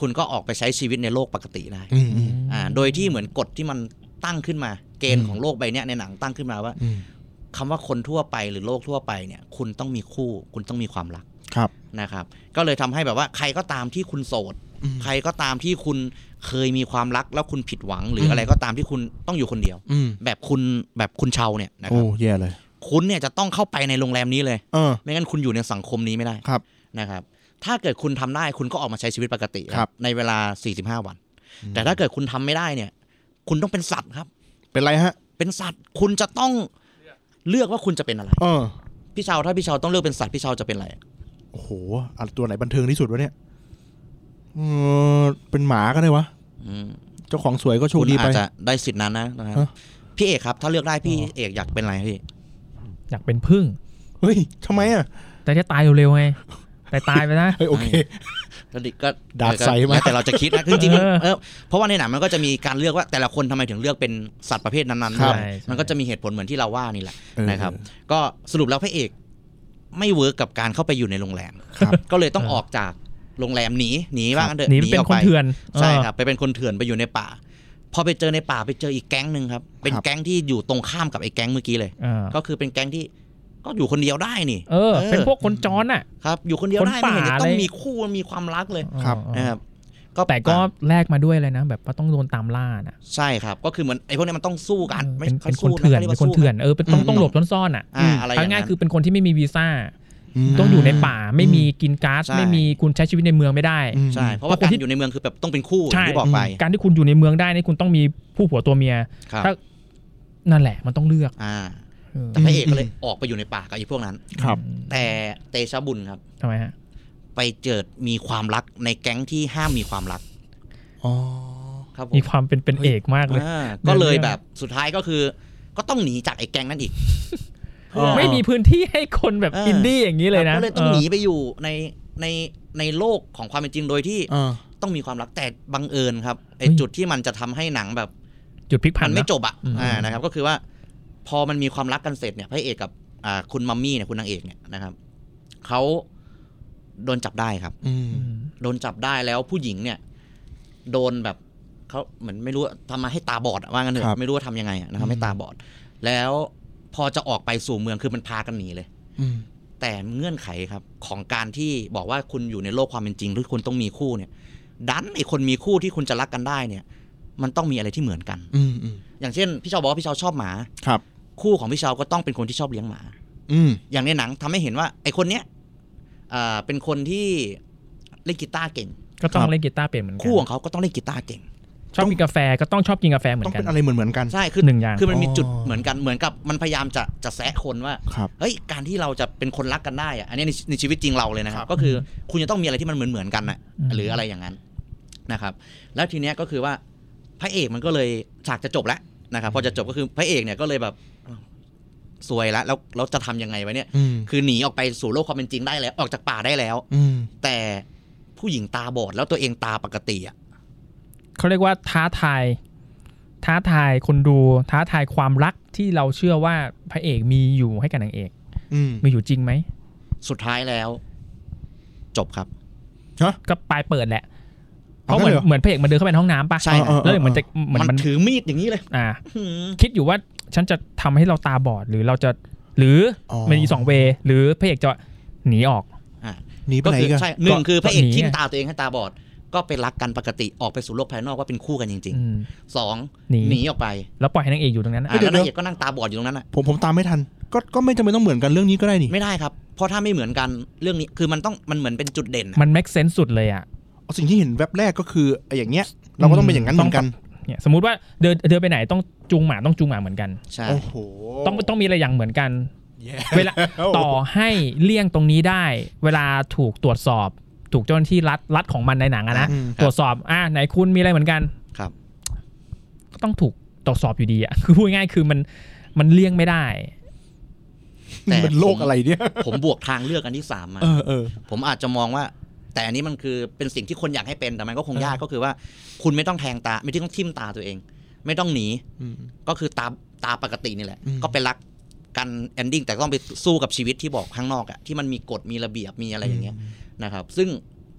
Speaker 4: คุณก็ออกไปใช้ชีวิตในโลกปกติได้
Speaker 3: อืมอืม
Speaker 4: อ่าโดยที่เหมือนกฎที่มันตั้งขึ้นมา เกณฑ์ของโลกใบเนี้ยในหนังตั้งขึ้นมาว่า
Speaker 3: อืม
Speaker 4: คำว่าคนทั่วไปหรือโลกทั่วไปเนี่ย คุณต้องมีคู่ คุณต้องมีความรัก
Speaker 3: ครับ
Speaker 4: นะครับ ก็เลยทำให้แบบว่าใครก็ตามที่คุณโสด
Speaker 3: อืม
Speaker 4: ใครก็ตามที่คุณเคยมีความรักแล้วคุณผิดหวัง หรืออะไรก็ตามที่คุณต้องอยู่คนเดียว
Speaker 3: อืม
Speaker 4: แบบคุณแบบคุณเชาเนี่ยนะค
Speaker 3: โอ้
Speaker 4: รับ
Speaker 3: แย่เลย
Speaker 4: คุณเนี่ยจะต้องเข้าไปในโรงแรมนี้เลย
Speaker 3: เออ
Speaker 4: ไม่งั้นคุณอยู่ในสังคมนี้ไม่ได้
Speaker 3: ครับ
Speaker 4: นะครับ ถ้าเกิดคุณทำได้คุณก็ออกมาใช้ชีวิตปกติ
Speaker 3: ครับ
Speaker 4: ในเวลา 45 วัน แต่ถ้าเกิดคุณทำไม่ได้เนี่ย คุณต้องเป็นสัตว์ครับ
Speaker 3: เป็นไรฮะ
Speaker 4: เป็นสัตว์คุณจะต้องเลือกว่าคุณจะเป็นอะไร
Speaker 3: เออ
Speaker 4: พี่เชาถ้าพี่เชาต้องเลือกเป็นสัตว์พี่เชาจะเป็นอะไร
Speaker 3: โอ้โหอ่ะตัวไหนบันเทิงที่สุดวะเนี่ยเออเป็นหมาก็ได้วะ
Speaker 4: อืม
Speaker 3: เจ้าของสวยก็โชค
Speaker 4: คุณ
Speaker 3: ดี
Speaker 4: อา
Speaker 3: ไป
Speaker 4: จจะได้สิทธิ์นั้นนะนะครับ
Speaker 3: ฮะ
Speaker 4: พี่เอกครับถ้าเลือกได้พี่เอกอยากเป็นอะไรพี่
Speaker 2: อยากเป็นพึ่ง
Speaker 3: เฮ้ยทำไมอ่ะ
Speaker 2: แต่จะตายเร็วๆไงแต่ตายไปนะ
Speaker 3: เฮ้ยโอเค
Speaker 4: แล้วดิก็
Speaker 3: ดาร์กไซด์
Speaker 4: เออ
Speaker 3: มา
Speaker 4: แล้วแต่เราจะคิดนะคือจริงๆมัน
Speaker 2: เออ
Speaker 4: เออเพราะว่าในหนังมันก็จะมีการเลือกว่าแต่ละคนทำไมถึงเลือกเป็นสัตว์ประเภทนั้นๆ
Speaker 2: ครับ
Speaker 4: ด้วย
Speaker 2: ใช่
Speaker 4: มันก็จะมีเหตุผลเหมือนที่เราว่านี่แหละ
Speaker 3: เออ
Speaker 4: นะครับ ก็สรุปแล้วพระเอกไม่เวิร์กกับการเข้าไปอยู่ในโรงแรม
Speaker 3: ครับ
Speaker 4: ก็เลยต้องออกจากโรงแรมหนีหนีว่างันเถอะ
Speaker 2: หนีไปเป็
Speaker 4: อน อก
Speaker 2: คน
Speaker 4: ไป
Speaker 2: เถื่อน
Speaker 4: ใช่
Speaker 2: เออ
Speaker 4: ครับไปเป็นคนเถื่อนไปอยู่ในป่า พอไปเจอในป่าไปเจออีกแก๊งหนึ่งครับ เป็น
Speaker 3: ครับ
Speaker 4: แก๊งที่อยู่ตรงข้ามกับไอ้แก๊งเมื่อกี้เลย
Speaker 2: เออ
Speaker 4: ก็คือเป็นแก๊งที่ก็อยู่คนเดียวได้นี่
Speaker 2: เออ
Speaker 4: เออ
Speaker 2: เป็นพวกคนจอนอ่ะ
Speaker 4: ครับ อยู่คนเดียวได้
Speaker 2: คน
Speaker 4: ไม่
Speaker 2: ป่า
Speaker 4: เห็นจะต้อ
Speaker 2: เล
Speaker 4: ง
Speaker 2: ย
Speaker 4: มีคู่มีความรักเลย
Speaker 2: เออ
Speaker 3: ครับ
Speaker 2: เออ
Speaker 4: นะครับ
Speaker 2: แต่ก็แลกมาด้วยเลยนะ แบบว่าต้องโดนตามล่านะ
Speaker 4: ใช่ครับ ก็คือเหมือนไอ้พวกเนี้ยมันต้องสู้กันไม่
Speaker 2: เป็น
Speaker 4: ค่อ
Speaker 2: เป็
Speaker 4: ย
Speaker 2: นคน
Speaker 4: สู้ะ
Speaker 2: เถื่อน
Speaker 4: ขารียก
Speaker 2: เป็น
Speaker 4: ว่า
Speaker 2: คน
Speaker 4: สู้ะ
Speaker 2: เถื่อนเออเป็นต้อง
Speaker 4: อืม
Speaker 2: ต้องหลบซ่อนๆอ่ะ
Speaker 4: อ่าอะไรอย่างนั้น
Speaker 2: ง่ายๆคือเป็นคนที่ไม่มีวีซ่า
Speaker 3: ม
Speaker 2: ต้องอยู่ในป่าไม่มีกินก๊าซ
Speaker 4: ใช่
Speaker 2: ไม่มีคุณใช้ชีวิตในเมืองไม่ได้
Speaker 3: อืม
Speaker 4: ใช่ เพราะว่าการอยู่ในเมืองคือแบบต้องเป็นคู่อย่างที่บอกไป
Speaker 2: การที่คุณอยู่ในเมืองได้นี่คุณต้องมีผู้ผัวตัวเมีย
Speaker 4: ครับ
Speaker 2: ถ้า นั่นแหละมันต้องเลือก
Speaker 4: อ่า
Speaker 2: เออ
Speaker 4: แต่พระเอกก็เลยออกไปอยู่ในป่ากับไอ้พวกนั้น
Speaker 3: ครับ
Speaker 4: แต่เตชะบุญครับ
Speaker 2: ทำไมฮะ
Speaker 4: ไปเจอมีความรักในแก๊งที่ห้ามมีความรัก
Speaker 3: อ๋อ
Speaker 4: ครับผม
Speaker 2: มีความเป็นเป็นเอกมากเลย
Speaker 4: อ่า
Speaker 2: เดิน
Speaker 4: ก็เลย
Speaker 2: เรื่อง
Speaker 4: แบบสุดท้ายก็คือ ก็ต้องหนีจากไอ้แก๊งนั้นอีก
Speaker 3: อ๋อ
Speaker 2: ไม่มีพื้นที่ให้คนแบบ
Speaker 4: เอออิ
Speaker 2: อินดี้อย่างนี้เลยนะ
Speaker 4: ก็เลยต้อง
Speaker 2: เห
Speaker 4: นีไปอยู่ในในในโลกของความเป็นจริงโดยที่
Speaker 3: อ่า
Speaker 4: ต้องมีความรักแต่บังเอิญครับไอ้
Speaker 2: เฮ้ย
Speaker 4: จุดที่มันจะทำให้หนังแบบ
Speaker 2: จุดพลิกผั
Speaker 4: มัน นไม่
Speaker 2: นะ
Speaker 4: จบอ่ะ
Speaker 2: อืม
Speaker 4: อ่านะครับ ก็คือว่า พอมันมีความรักกันเสร็จเนี่ยพระเอกกับอ่าคุณมัมมี่เนี่ยคุณนางเอกเนี่ยนะครับเขาโดนจับได้ครับ
Speaker 3: อืม
Speaker 2: อืม
Speaker 4: โดนจับได้แล้วผู้หญิงเนี่ย โดนแบบเขาเหมือนไม่รู้ทำมาให้ตาบอดอะว่างั้นเถ
Speaker 3: ครับ
Speaker 4: อะไม่รู้ว่าทำยังไงอะนะครับให้ตาบอด แล้วพอจะออกไปสู่เมืองคือมันพากันหนีเลย
Speaker 3: อืม
Speaker 4: แต่เงื่อนไขครับ ของการที่บอกว่าคุณอยู่ในโลกความเป็นจริงหรือคุณต้องมีคู่เนี่ย ดันไอคนมีคู่ที่คุณจะรักกันได้เนี่ย มันต้องมีอะไรที่เหมือนกัน
Speaker 3: อืมอืม
Speaker 4: อย่างเช่นพี่ชาวบอกว่าพี่ชาวชอบหมา
Speaker 3: ครับ
Speaker 4: คู่ของพี่ชาวก็ต้องเป็นคนที่ชอบเลี้ยงหมา
Speaker 3: อืม
Speaker 4: อย่างในหนังทำให้เห็นว่า ไอคนเนี้ยอ่าเป็นคนที่เล่นกีตาร์เก่ง
Speaker 2: ก็ต้อง
Speaker 3: ครับ
Speaker 2: เล่นกีตาร์เป็นเหมือนกั
Speaker 4: คู่ของเขาก็ต้องเล่นกีตาร์เก่ง
Speaker 2: ชอบกินกาแฟก็ต้องชอบกินกาแฟเหมือ
Speaker 3: ต้อง
Speaker 2: นกั
Speaker 3: เป็น นอะไรเหมือนเหมือนๆกัน
Speaker 4: ใช่คือ
Speaker 2: หนึ่งอย่าง
Speaker 4: คือมันมีจุด
Speaker 3: อ๋อ
Speaker 4: เหมือนกันเหมือนกับมันพยายามจะจะแซะคนว่า
Speaker 3: ครับ
Speaker 4: เฮ้ยการที่เราจะเป็นคนรักกันได้อะอันนี้ในในชีวิตจริงเราเลยนะครับ ก็คือคุณจะต้องมีอะไรที่มันเหมือนเหมือนๆกันนะ
Speaker 2: ม
Speaker 4: หรืออะไรอย่างนั้นนะครับ แล้วทีเนี้ยก็คือว่าพระเอกมันก็เลยฉากจะจบแล้วนะครับพอจะจบก็คือพระเอกเนี่ยก็เลยแบบสวยแล้วแล้วแล้วจะทำยังไงวะเนี่ย
Speaker 3: อืม
Speaker 4: คือหนีออกไปสู่โลกความเป็นจริงได้แล้ว ออกจากป่าได้แล้ว
Speaker 3: อืม
Speaker 4: แต่ผู้หญิงตาบอดแล้วตัวเองตาปกติอ่ะ
Speaker 2: เขาเรียกว่าท้าทาย ท้าทายคนดูท้าทายความรักที่เราเชื่อว่าพระเอกมีอยู่ให้กับนางเอก
Speaker 3: อืม
Speaker 2: มีอยู่จริงไหม
Speaker 4: สุดท้ายแล้ว จบครับ
Speaker 2: ก็ปลายเปิดแหละ เพ
Speaker 3: เอา
Speaker 2: ราะเหมือน
Speaker 3: งั้นเลยเหรอ
Speaker 2: เหมือนพระเอกมันเดินเข้าไปในห้องน้ำปะ
Speaker 4: ใช่
Speaker 3: เออเออ
Speaker 2: แล้วเหมือนจะเหมือน
Speaker 4: มัน
Speaker 2: มัน
Speaker 4: ถือมีดอย่างนี้เลย
Speaker 2: อ่า คิดอยู่ว่าฉันจะทำให้เราตาบอดหรือเราจะหรืออ
Speaker 3: อ
Speaker 2: มันมีสองเวย์หรือพระเอกจะหนีออก
Speaker 3: หนีไป
Speaker 4: ก็
Speaker 3: ไหน
Speaker 4: คือ
Speaker 3: กัน
Speaker 4: ใช่หนึ่งคือพระเอก
Speaker 2: ก็หนีไง
Speaker 4: ทิ้งตาตัวเองให้ตาบอด ก็ไปรักกันปกติออกไปสู่โลกภายนอกว่าเป็นคู่กันจริง
Speaker 2: อืม
Speaker 4: ๆสอง
Speaker 2: หนี
Speaker 4: หนีออกไป
Speaker 2: แล้วปล่อยให้นางเอกอยู่ตรงนั้นอะ
Speaker 4: อ่ะแล้วนางเอกก็นั่งตาบอดอยู่ตรงนั้นอ่ะ
Speaker 3: ผมผมตามไม่ทัน ก็ก็ไม่จำเป็นต้องเหมือนกันเรื่องนี้ก็ได้นี่
Speaker 4: ไม่ได้ครับ เพราะถ้าไม่เหมือนกันเรื่องนี้คือมันต้องมันเหมือนเป็นจุดเด่นอะ
Speaker 2: มัน make sense สุดเลยอ่ะ
Speaker 3: สิ่งที่เห็นแวบแรกก็คือไอ้อย่างเงี้ย เราก็ต้องเป็นอย่างนั้นเหมือนกัน
Speaker 2: เนี่ยสมมติว่าเดินเดินไปไหนต้องจูงหมาต้องจูงหมาเหมือนกัน
Speaker 4: ใช่
Speaker 3: โอ้โห
Speaker 2: ต้องต้องมีอะไรอย่างเหมือนกัน เวลาต่อให้เลี่ยงตรงนี้ได้ เวลาถูกตรวจสอบ ถูกเจ้าหน้าที่รัฐรัฐของมันในหนังอะนะ
Speaker 3: อืม
Speaker 2: ตรวจสอบอ่ะไหนคุณมีอะไรเหมือนกัน
Speaker 4: ครับ
Speaker 2: ก็ต้องถูกตรวจสอบอยู่ดีอ่ะ คือพูดง่ายๆคือมันมันเลี่ยงไม่ได้
Speaker 4: แต่
Speaker 3: มันโลกอะไรเนี่ย
Speaker 4: ผมบวกทางเลือกอันที่สามมา
Speaker 3: เออเออ
Speaker 4: ผมอาจจะมองว่า แต่อันนี้มันคือเป็นสิ่งที่คนอยากให้เป็นแต่มันก็คงยากก็คือว่า คุณไม่ต้องแทงตาไม่ต้องทิ่มตาตัวเอง ไม่ต้องหนี ก็คือตาตาปกตินี่แหละ
Speaker 3: อืม
Speaker 4: ก็ไปรักกันแอนดิ้งแต่ต้องไปสู้กับชีวิตที่บอกข้างนอกอะที่มันมีกฎมีระเบียบมีอะไรอย่างเงี้ยนะครับ ซึ่ง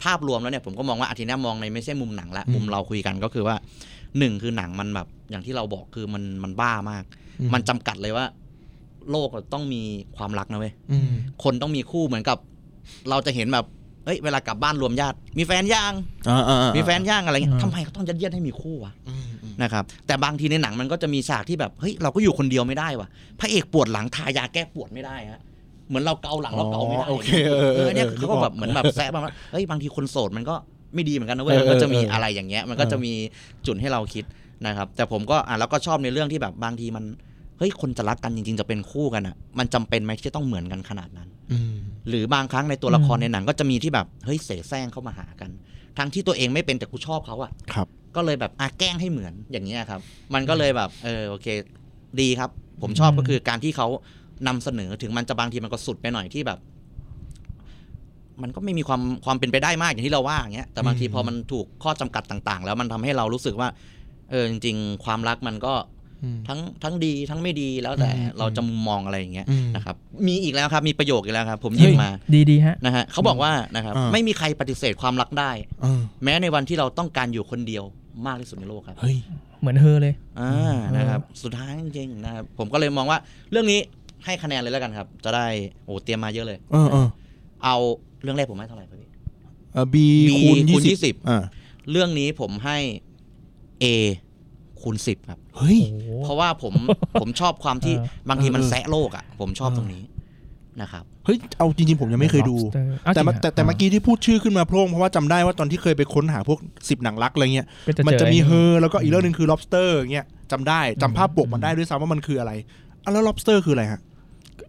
Speaker 4: ภาพรวมแล้วเนี่ยผมก็มองว่าอาทิตย์หน้ามองในไม่ใช่มุมหนังละมุมเราคุยกันก็คือว่าหนึ่งคือหนังมันแบบอย่างที่เราบอกคือมันมันบ้ามาก มันจำกัดเลยว่า โลกอะต้องมีความรักนะเว้ย
Speaker 3: อืม
Speaker 4: คนต้องมีคู่เหมือนกับ เราจะเห็นแบบเอ้ยเวลากลับบ้านรวมญาติ มีแฟนย่าง
Speaker 3: อ่าอ่า
Speaker 4: มี
Speaker 3: มี
Speaker 4: แฟนย่างอะไรเงี้
Speaker 2: อื
Speaker 4: ย
Speaker 2: ม
Speaker 4: ทำไมเขาต้องยัดเยียดให้มีคู่วะ
Speaker 3: อืมอืม
Speaker 4: นะครับแต่บางทีในหนังมันก็จะมีฉากที่แบบเฮ้ยเราก็อยู่คนเดียวไม่ได้ว่ะพระเอกปวดหลังทายาแก้ปวดไม่ได้ฮะเหมือนเราเกาหลังเราเกาไม่ได้
Speaker 3: อ๋อโอเคเออ
Speaker 4: เออเนี่ยคือเขาก็แบบ
Speaker 3: ก
Speaker 4: เหมือนแบบแซะบ้างว่าเฮ้ยบางทีคนโสดมันก็ไม่ดีเหมือนกันนะเว้ย
Speaker 3: เออ
Speaker 4: มันก็จะมี
Speaker 3: เออเอออ
Speaker 4: อะไรอย่างเงี้ยมันก็จะมีจุดให้เราคิดนะครับ แต่ผมก็อ่ะเราก็ชอบในเรื่องที่แบบบางทีมันเฮ้ยคนจะรักกันจริง ๆ จะเป็นคู่กันอ่ะมันจำเป็นไหมที่จะต้องเหมือนกันขนาดนั้น หรือบางครั้งในตัวละคร
Speaker 2: อืม
Speaker 4: ในหนังก็จะมีที่แบบเฮ้ยเสแสร้งเข้ามาหากัน ทั้งที่ตัวเองไม่เป็นแต่กูชอบเขาอะ
Speaker 3: ครับ
Speaker 4: ก็เลยแบบอาแกล้งให้เหมือนอย่างเงี้ยครับ มันก็เลยแบบเออโอเค ดีครับ ผมชอบก็คือการที่เขานำเสนอถึงมันจะบางทีมันก็สุดไปหน่อยที่แบบ มันก็ไม่มีความความเป็นไปได้มากอย่างที่เราว่าอย่างเงี้ยแต่บางที
Speaker 2: อืม
Speaker 4: พอมันถูกข้อจำกัดต่าง ๆ แล้วมันทำให้เรารู้สึกว่าเออจริง ๆ ความรักมันก็
Speaker 2: อืม
Speaker 4: ทั้งทั้งดีทั้งไม่ดีแล้วแต่
Speaker 2: อืม
Speaker 4: เราจะมุมมองอะไรอย่างเงี้ย
Speaker 2: อืม
Speaker 4: นะครับมีอีกแล้วครับมีประโยคอีกแล้วครับผมหยิบมา
Speaker 2: ดีดีๆฮะ
Speaker 4: นะฮะเขาบอกว่านะครับ
Speaker 3: อ่า
Speaker 4: ไม่มีใครปฏิเสธความรักได้
Speaker 3: เออ
Speaker 4: แม้ในวันที่เราต้องการอยู่คนเดียวมากที่สุดในโลกครับ
Speaker 3: เฮ้ย
Speaker 2: เหมือนเธอเลย
Speaker 4: อ่านะครับสุดท้ายจริงๆนะครับผมก็เลยมองว่าเรื่องนี้ให้คะแนนเลยแล้วกันครับ จะได้โอ้เตรียมมาเยอะเลย
Speaker 3: เออเออ
Speaker 4: เอาเรื่องแรกผมให้เท่าไหร่ครับพี่
Speaker 3: เออบี
Speaker 4: บี
Speaker 3: คูณ
Speaker 4: คู
Speaker 3: ยี่
Speaker 4: ณ
Speaker 3: สิบ
Speaker 4: 20
Speaker 3: อ่า
Speaker 4: เรื่องนี้ผมให้ A คูณสิบครับ
Speaker 3: เฮ้ย
Speaker 2: โอ้โห
Speaker 4: เพราะว่าผม ผมชอบความที่
Speaker 2: เออ
Speaker 4: บางทีมัน
Speaker 3: เออ
Speaker 4: แซะโลกอ่ะ ผมชอบตรงนี้นะครับ
Speaker 3: เฮ้ย เอาจริงๆ ผมยังไม่เคยดู
Speaker 2: Lobster เอ้า
Speaker 3: แต่
Speaker 2: จริง
Speaker 3: มา
Speaker 2: เหร
Speaker 3: แต่แต่เมื่อกี้ที่พูดชื่อขึ้นมาโพร่งเพราะว่าจำได้ว่าตอนที่เคยไปค้นหาพวกสิบหนังรักอะไรเงี้ย
Speaker 2: ก็
Speaker 3: มันจะ
Speaker 2: เอ
Speaker 3: มี
Speaker 2: ไอ้
Speaker 3: เฮอแล้วก็อีกเรื่องหนึ่งคือ lobster อย่างเงี้ยจำได้จำภาพปกมัน
Speaker 2: อืม
Speaker 3: ได้ด้วยซ้ำว่ามันคืออะไรอ่ะแล้ว lobster คืออะไรฮะ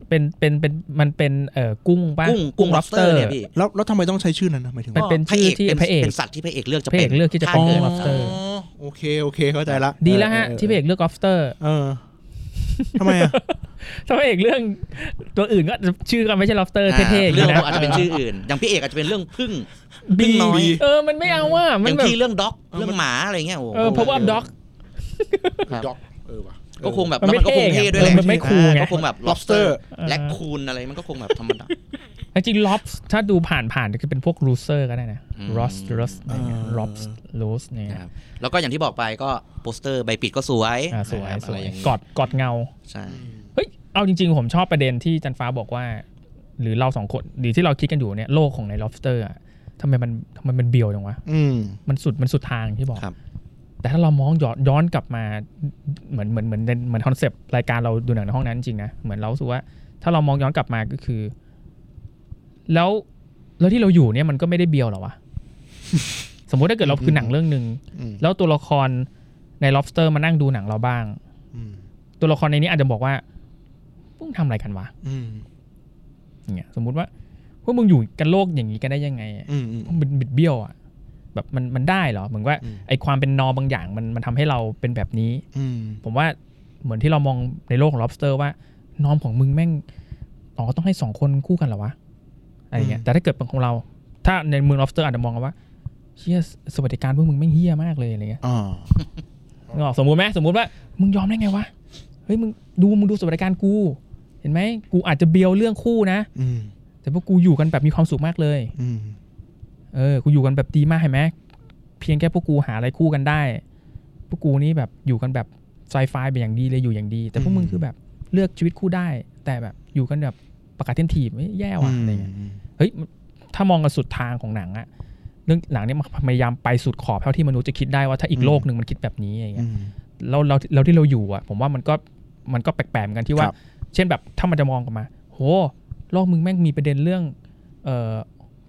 Speaker 2: เป็นเป็นเป็นมันเป็นเอ่อกุ้งป่ะ
Speaker 4: กุ้งกุ้ง lobster เนี่ยพี่
Speaker 3: แล้วแล้วทำไมต้องใช้ชื่อนั้นนะหมายถึง
Speaker 2: มัน
Speaker 3: ว่า
Speaker 2: เป็น
Speaker 4: พระ
Speaker 2: ชื่อก
Speaker 4: เอ
Speaker 2: ที่
Speaker 4: เป็น
Speaker 2: พระเอก
Speaker 4: เป็นสัตว์ที่พระเอกเลือกจะ
Speaker 2: พระเอก
Speaker 4: เป็น
Speaker 2: เลือกที่จะ
Speaker 4: ถ้า
Speaker 2: เป็น
Speaker 4: เกิด
Speaker 2: lobster
Speaker 3: อ๋อโอเคโอเคเข้าใจละ
Speaker 2: ดีแล้วฮะ
Speaker 3: เออ
Speaker 2: ที่พระเอกเลือก lobster
Speaker 3: เออทำไมอ่ะ
Speaker 2: ถ้าพระเอกเรื่องตัวอื่นก็ชื่อก็ไม่ใช่ lobster เท่ๆ
Speaker 4: เรื่อง
Speaker 2: น
Speaker 4: ผมอาจจะเป็นชื่ออื่น อย่างพี่เอกอาจจะเป็นเรื่องพึ่ง
Speaker 2: บี
Speaker 4: น้อย
Speaker 2: เออ มันไม่เอาว่า
Speaker 4: อ
Speaker 2: มัน
Speaker 4: ย่าง
Speaker 2: แบบ
Speaker 4: พี่เรื่องด็อกเรื่องหมาอะไรเงี้ยโอ้โห
Speaker 2: เออเพราะว่าด็อก
Speaker 4: ครับ
Speaker 3: ด็อก เออว่ะ
Speaker 4: ก็คงแบบ
Speaker 2: มันไม่
Speaker 4: แล้วมันก็คง
Speaker 2: เท่
Speaker 4: เท่
Speaker 2: อะ
Speaker 4: ด้วยแหละ
Speaker 2: มันไม่คูลไง
Speaker 4: ก็คงแบบ
Speaker 3: lobster
Speaker 4: lobster
Speaker 2: เออ
Speaker 4: และคูณอะไรมันก็คงแบบธรรมดา
Speaker 2: จริง lobs ถ้าดูผ่านผ่านๆก็คือเป็นพวก rooster ก็ได้นะ
Speaker 4: อืม
Speaker 2: rost rost อะไรเงี้ย
Speaker 3: อ่า
Speaker 2: robs roos เนี่ย
Speaker 4: นะครับแล้วก็อย่างที่บอกไปก็โปสเตอร์ใบปิดก็สวย
Speaker 2: อ่ะสวย
Speaker 4: นะครับ
Speaker 2: ส
Speaker 4: อะไร
Speaker 2: วย
Speaker 4: อย่างนี้
Speaker 2: กอดกอดเงา
Speaker 4: ใช่
Speaker 2: เฮ้ย เอาจริงๆ ผมชอบประเด็นที่จันฟ้าบอกว่า หรือเราสองคนหรือที่เราคิดกันอยู่เนี่ยโลกของใน lobster อะทำไมมันทำไมมันเบียวจังวะ
Speaker 3: อืม
Speaker 2: มันสุดมันสุดทางที่บอก
Speaker 4: ครับ
Speaker 2: แต่ถ้าเรามองย้อนย้อนกลับมาเหมือนเหมือนเหมือนเหมือนคอนเซปต์รายการเราดูหนังในห้องนั้นจริงนะเหมือนเรารู้สึกว่า ถ้าเรามองย้อนกลับมาก็คือ แล้วแล้วที่เราอยู่เนี่ยมันก็ไม่ได้เบียวหรอวะ สมมุติถ้าเกิดเราคือหนังเรื่องหนึ่ง
Speaker 3: อืม
Speaker 2: แล้วตัวละครใน lobster มานั่งดูหนังเราบ้าง
Speaker 3: อืม
Speaker 2: ตัวละครในนี้อาจจะบอกว่าพวกมึงทำอะไรกันวะ
Speaker 3: อืม
Speaker 2: อย่างเงี้ยสมมุติว่าพวกมึงอยู่กันโลกอย่างนี้กันได้ยังไงอะ
Speaker 3: อืมอืม
Speaker 2: มันบิดเบี้ยวอ่ะแบบมันมันได้เหรอเหมือนว่า
Speaker 3: อืม
Speaker 2: ไอความเป็นนอบางอย่างมันมันทำให้เราเป็นแบบนี้
Speaker 3: อืม
Speaker 2: ผมว่าเหมือนที่เรามองในโลกของ lobster ว่า นอมของมึงแม่งอ๋อต้องให้สองคนคู่กันเหรอวะอะไรเงี้ยแต่ถ้าเกิดเป็นของเรา ถ้าในเมือง lobster อาจจะมองกันว่าเชี่ยสวัสดิการพวกมึงแม่งเฮี้ยมากเลยอะไรเงี้ย
Speaker 3: อ่า
Speaker 2: นึกออกสมมติไหมสมมติว่ามึงยอมได้ไงวะเฮ้ยมึงดูมึงดูสวัสดิการกู เห็นไหมกูอาจจะเบียวเรื่องคู่นะ
Speaker 3: อืม
Speaker 2: แต่พวกกูอยู่กันแบบมีความสุขมากเลย
Speaker 3: อืม
Speaker 2: เออ กูอยู่กันแบบดีมากเห็นไหม เพียงแค่พวกกูหาอะไรคู่กันได้ พวกกูนี่แบบอยู่กันแบบไซไฟเป็นอย่างดีเลยอยู่อย่างดี แต่พวกมึงคือแบบเลือกชีวิตคู่ได้ แต่แบบอยู่กันแบบประกาศเทียนทีบเฮ้ยแย่ว่ะอะไรเงี้ย เฮ้ย ถ้ามองกันสุดทางของหนังอะเรื่องหนังเนี่ยมันพยายามไปสุดขอบเท่าที่มนุษย์จะคิดได้ว่าถ้าอีกโลกหนึ่งมันคิดแบบนี้อะไร
Speaker 3: อื
Speaker 2: เงี้ย
Speaker 3: ม
Speaker 2: แล้วเราเราที่เราอยู่อะผมว่ามันก็มันก็แปลกๆเหมือนกันที่ว่า
Speaker 3: ครับ
Speaker 2: เช่นแบบถ้ามันจะมองกลับมา โหโลกมึงแม่งมีประเด็นเรื่อง เอ่อ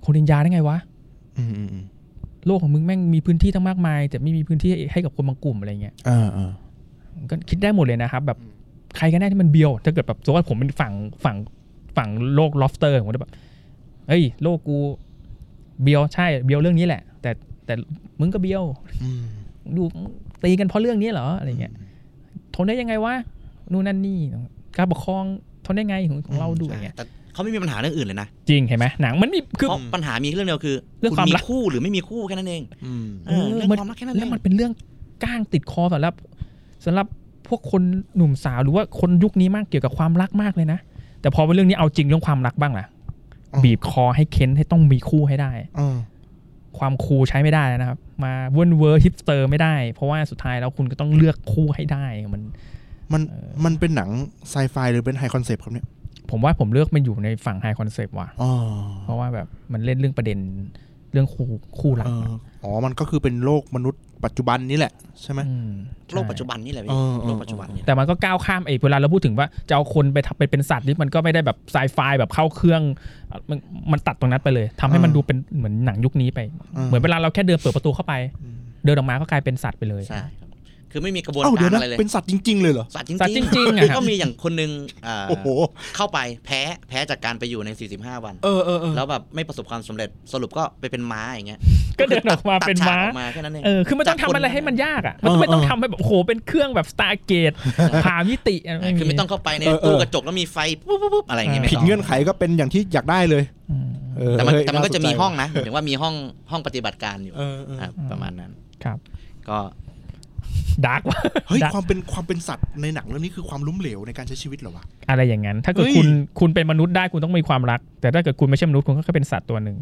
Speaker 2: คนอินยาได้ไงวะ
Speaker 3: อืมอืมอืม
Speaker 2: โลกของมึงแม่งมีพื้นที่ตั้งมากมาย แต่ไม่มีพื้นที่ให้กับคนบางกลุ่มอะไรเงี้ย
Speaker 3: อ่าอ่า
Speaker 2: ก็คิดได้หมดเลยนะครับ แบบใครกันแน่ที่มันเบียว ถ้าเกิดแบบสมมติว่าผมเป็นฝั่งฝั่งฝั่งโลก lofter ผมก็จะแบบเอ้ย โลกกูเบียวใช่เบียวเรื่องนี้แหละ แต่แต่มึงก็เบียว
Speaker 3: อืม
Speaker 2: ดูตีกันเพราะเรื่องนี้เหรออะไรเงี้ยทนได้ยังไงวะนู่นนั่นนี่การปกครองทนได้ไงของของเราดูอย่างเงี้ย
Speaker 4: แต่เขาไม่มีปัญหาเรื่องอื่นเลยนะ
Speaker 2: จริงเห็นไหมหนังมันมีคือ
Speaker 4: เพราะปัญหามีเรื่องเดียวคือ
Speaker 2: เรื่อง
Speaker 4: คุณ
Speaker 2: ความ
Speaker 4: มี
Speaker 2: รัก
Speaker 4: คู่หรือไม่มีคู่แค่นั้นเอง
Speaker 3: อืม
Speaker 4: เออ
Speaker 2: เออ
Speaker 4: เรื่อง
Speaker 2: มัน
Speaker 4: ความรักแค่นั้นเอ
Speaker 2: แล้ว
Speaker 4: ง
Speaker 2: มันเป็นเรื่องก้างติดคอสำหรับสำหรับพวกคนหนุ่มสาวหรือว่าคนยุคนี้มากเกี่ยวกับความรักมากเลยนะ แต่พอเป็นเรื่องนี้เอาจริงเรื่องความรักบ้างล่ะ บีบคอให้เค้นให้ต้องมีคู่ให้ได้
Speaker 3: อ่า
Speaker 2: ความคูลใช้ไม่ได้แล้วนะครับ มาเวิร์นเวอร์ฮิปสเตอร์ไม่ได้ เพราะว่าสุดท้ายแล้วคุณก็ต้องเลือกคู่ให้ได้มัน
Speaker 3: มันมันเป็นหนังไซไฟหรือเป็นไฮคอนเซปต์ครับเนี่ย
Speaker 2: ผมว่าผมเลือกมันอยู่ในฝั่งไฮคอนเซปต์ว่ะ
Speaker 3: อ๋อ
Speaker 2: เพราะว่าแบบมันเล่นเรื่องประเด็นเรื่องคู่คู่รั
Speaker 3: เอก ออ๋อมันก็คือเป็นโลกมนุษย์ปัจจุบันนี่แหละใช่ไหม
Speaker 2: อืมใช่
Speaker 4: โลกปัจจุบันนี่แหละ
Speaker 3: เอ
Speaker 4: พี่
Speaker 3: อเออ
Speaker 4: โลกปัจจุบันนี่แหละ
Speaker 2: แต่มันก็ก้าวข้ามไอ้เวลาเราพูดถึงว่าจะเอาคนไปทำไปเป็นสัตว์นี่มันก็ไม่ได้แบบไซไฟแบบเข้าเครื่องมันมันตัดตรงนั้นไปเลยทำให้มัน
Speaker 3: อ่า
Speaker 2: ดูเป็นเหมือนหนังยุคนี้ไป
Speaker 3: อ่า
Speaker 2: เหมือนเวลาเราแค่เดินเปิดประตูเข้าไป เดินออกมาก็กลายเป็นสัตว์ไปเลย
Speaker 4: ใช่ครับคือไม่มีกระบวน
Speaker 3: เอ้าเดี๋ยนะ
Speaker 4: กาว รอะไรเลย
Speaker 3: เป็นสัตว์จริง ๆ เลยเหรอ
Speaker 4: สัตว์จริง
Speaker 2: สัตว์จริงๆอ่ะค
Speaker 4: ก็
Speaker 2: รับ
Speaker 4: มีอย่างคนนึงอ่า
Speaker 3: โอ้โห
Speaker 4: เข้าไปแพ้แพ้จากการไปอยู่ใน 45 วัน
Speaker 3: เออเออเออ
Speaker 4: แล้วแบบไม่ประสบความสำเร็จสรุปก็ไปเป็นม้าอย่างเงี้ย
Speaker 2: ก็เดินออกมาเป็นม้า
Speaker 4: ตัดฉกออกมาแค่นั้นเอง
Speaker 2: เออคือมันต้องทำอะไรให้มันยากอ่ะมันไม่
Speaker 3: เออเออ
Speaker 2: ต้องทำให้แบบโอ้โหเป็นเครื่องแบบสตาร์เกตผ่ามิติะร
Speaker 4: คือไม่ต้องเข้าไปใน
Speaker 3: เออเออ
Speaker 4: ตู้กระจกแล้วมีไฟปุ๊บปุ๊บปุ๊บอะไรอย่างเงี้ยไม่
Speaker 3: ผิด
Speaker 4: ต้
Speaker 3: เงื่อนไขก็เป็นอย่างที่อยากได้เลย
Speaker 2: อืม
Speaker 3: เ เออ
Speaker 4: แต่มัน
Speaker 3: เฮ้ย
Speaker 4: แต่มันก็จะ
Speaker 3: า
Speaker 4: มี
Speaker 3: สใจ
Speaker 4: ห้องนะหมายถึงว่ามีห้องห้องปฏิบัติการอยู่
Speaker 3: เออเออ
Speaker 4: ครับประมาณนั้น
Speaker 2: ครับ
Speaker 4: ก็
Speaker 2: ดาร์กว่ะ
Speaker 3: เฮ้ย
Speaker 2: ดัก
Speaker 3: ความเป็นความเป็นสัตว์ในหนังเรื่องนี้คือความล้มเหลวในการใช้ชีวิตเหรอวะ
Speaker 2: อะไรอย่างนั้น ถ้าเกิด
Speaker 3: เฮ้ย
Speaker 2: คุณคุณเป็นมนุษย์ได้คุณต้องมีความรัก แต่ถ้าเกิดคุณไม่ใช่มนุษย์คุณก็แค่เป็นสัตว์ตัวหนึ่ง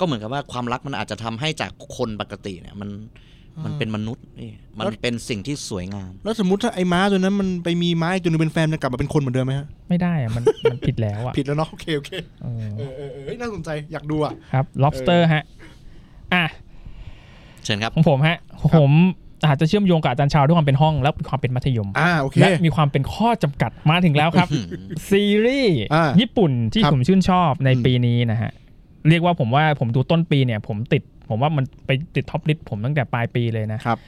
Speaker 4: ก็เหมือนกับว่าความรักมันอาจจะทำให้จากคนปกติเนี่ยมันมันเป็นมนุษย์นี่มันเป็นสิ่งที่สวยงาม
Speaker 3: แล้วสมมติถ้าไอ้ม้าตัวนั้นมันไปมีม้าอีกตัวหนึงเป็นแฟนจะกลับมาเป็นคนเหมือนเดิมไหมฮะ
Speaker 2: ไม่ได้อะมันมันผิดแล้วอ่ะ
Speaker 3: ผิดแล้วเนาะโอเคโอเค
Speaker 2: เออ
Speaker 3: เออเออเออเฮ้ยน่าสนใจอยากดูอ่ะ
Speaker 2: ครับ lobster ฮะอ่ะ
Speaker 4: เชิญครับ
Speaker 2: ของผมฮะผมอาจจะเชื่อมโยงกับอาจารย์ชาวด้วยความเป็นห้องและความเป็นมัธยม
Speaker 3: อ่าโอเค
Speaker 2: และมีความเป็นข้อจำกัดมาถึงแล้วครับ ซีรีส์
Speaker 3: อ่า
Speaker 2: ญี่ปุ่นที่
Speaker 3: ครับ
Speaker 2: ผมชื่นชอบในปีนี้นะฮะ เรียกว่าผมว่าผมดูต้นปีเนี่ย ผมติด ผมว่ามันไปติดท็อปลิสต์ผมตั้งแต่ปลายปีเลยนะครับ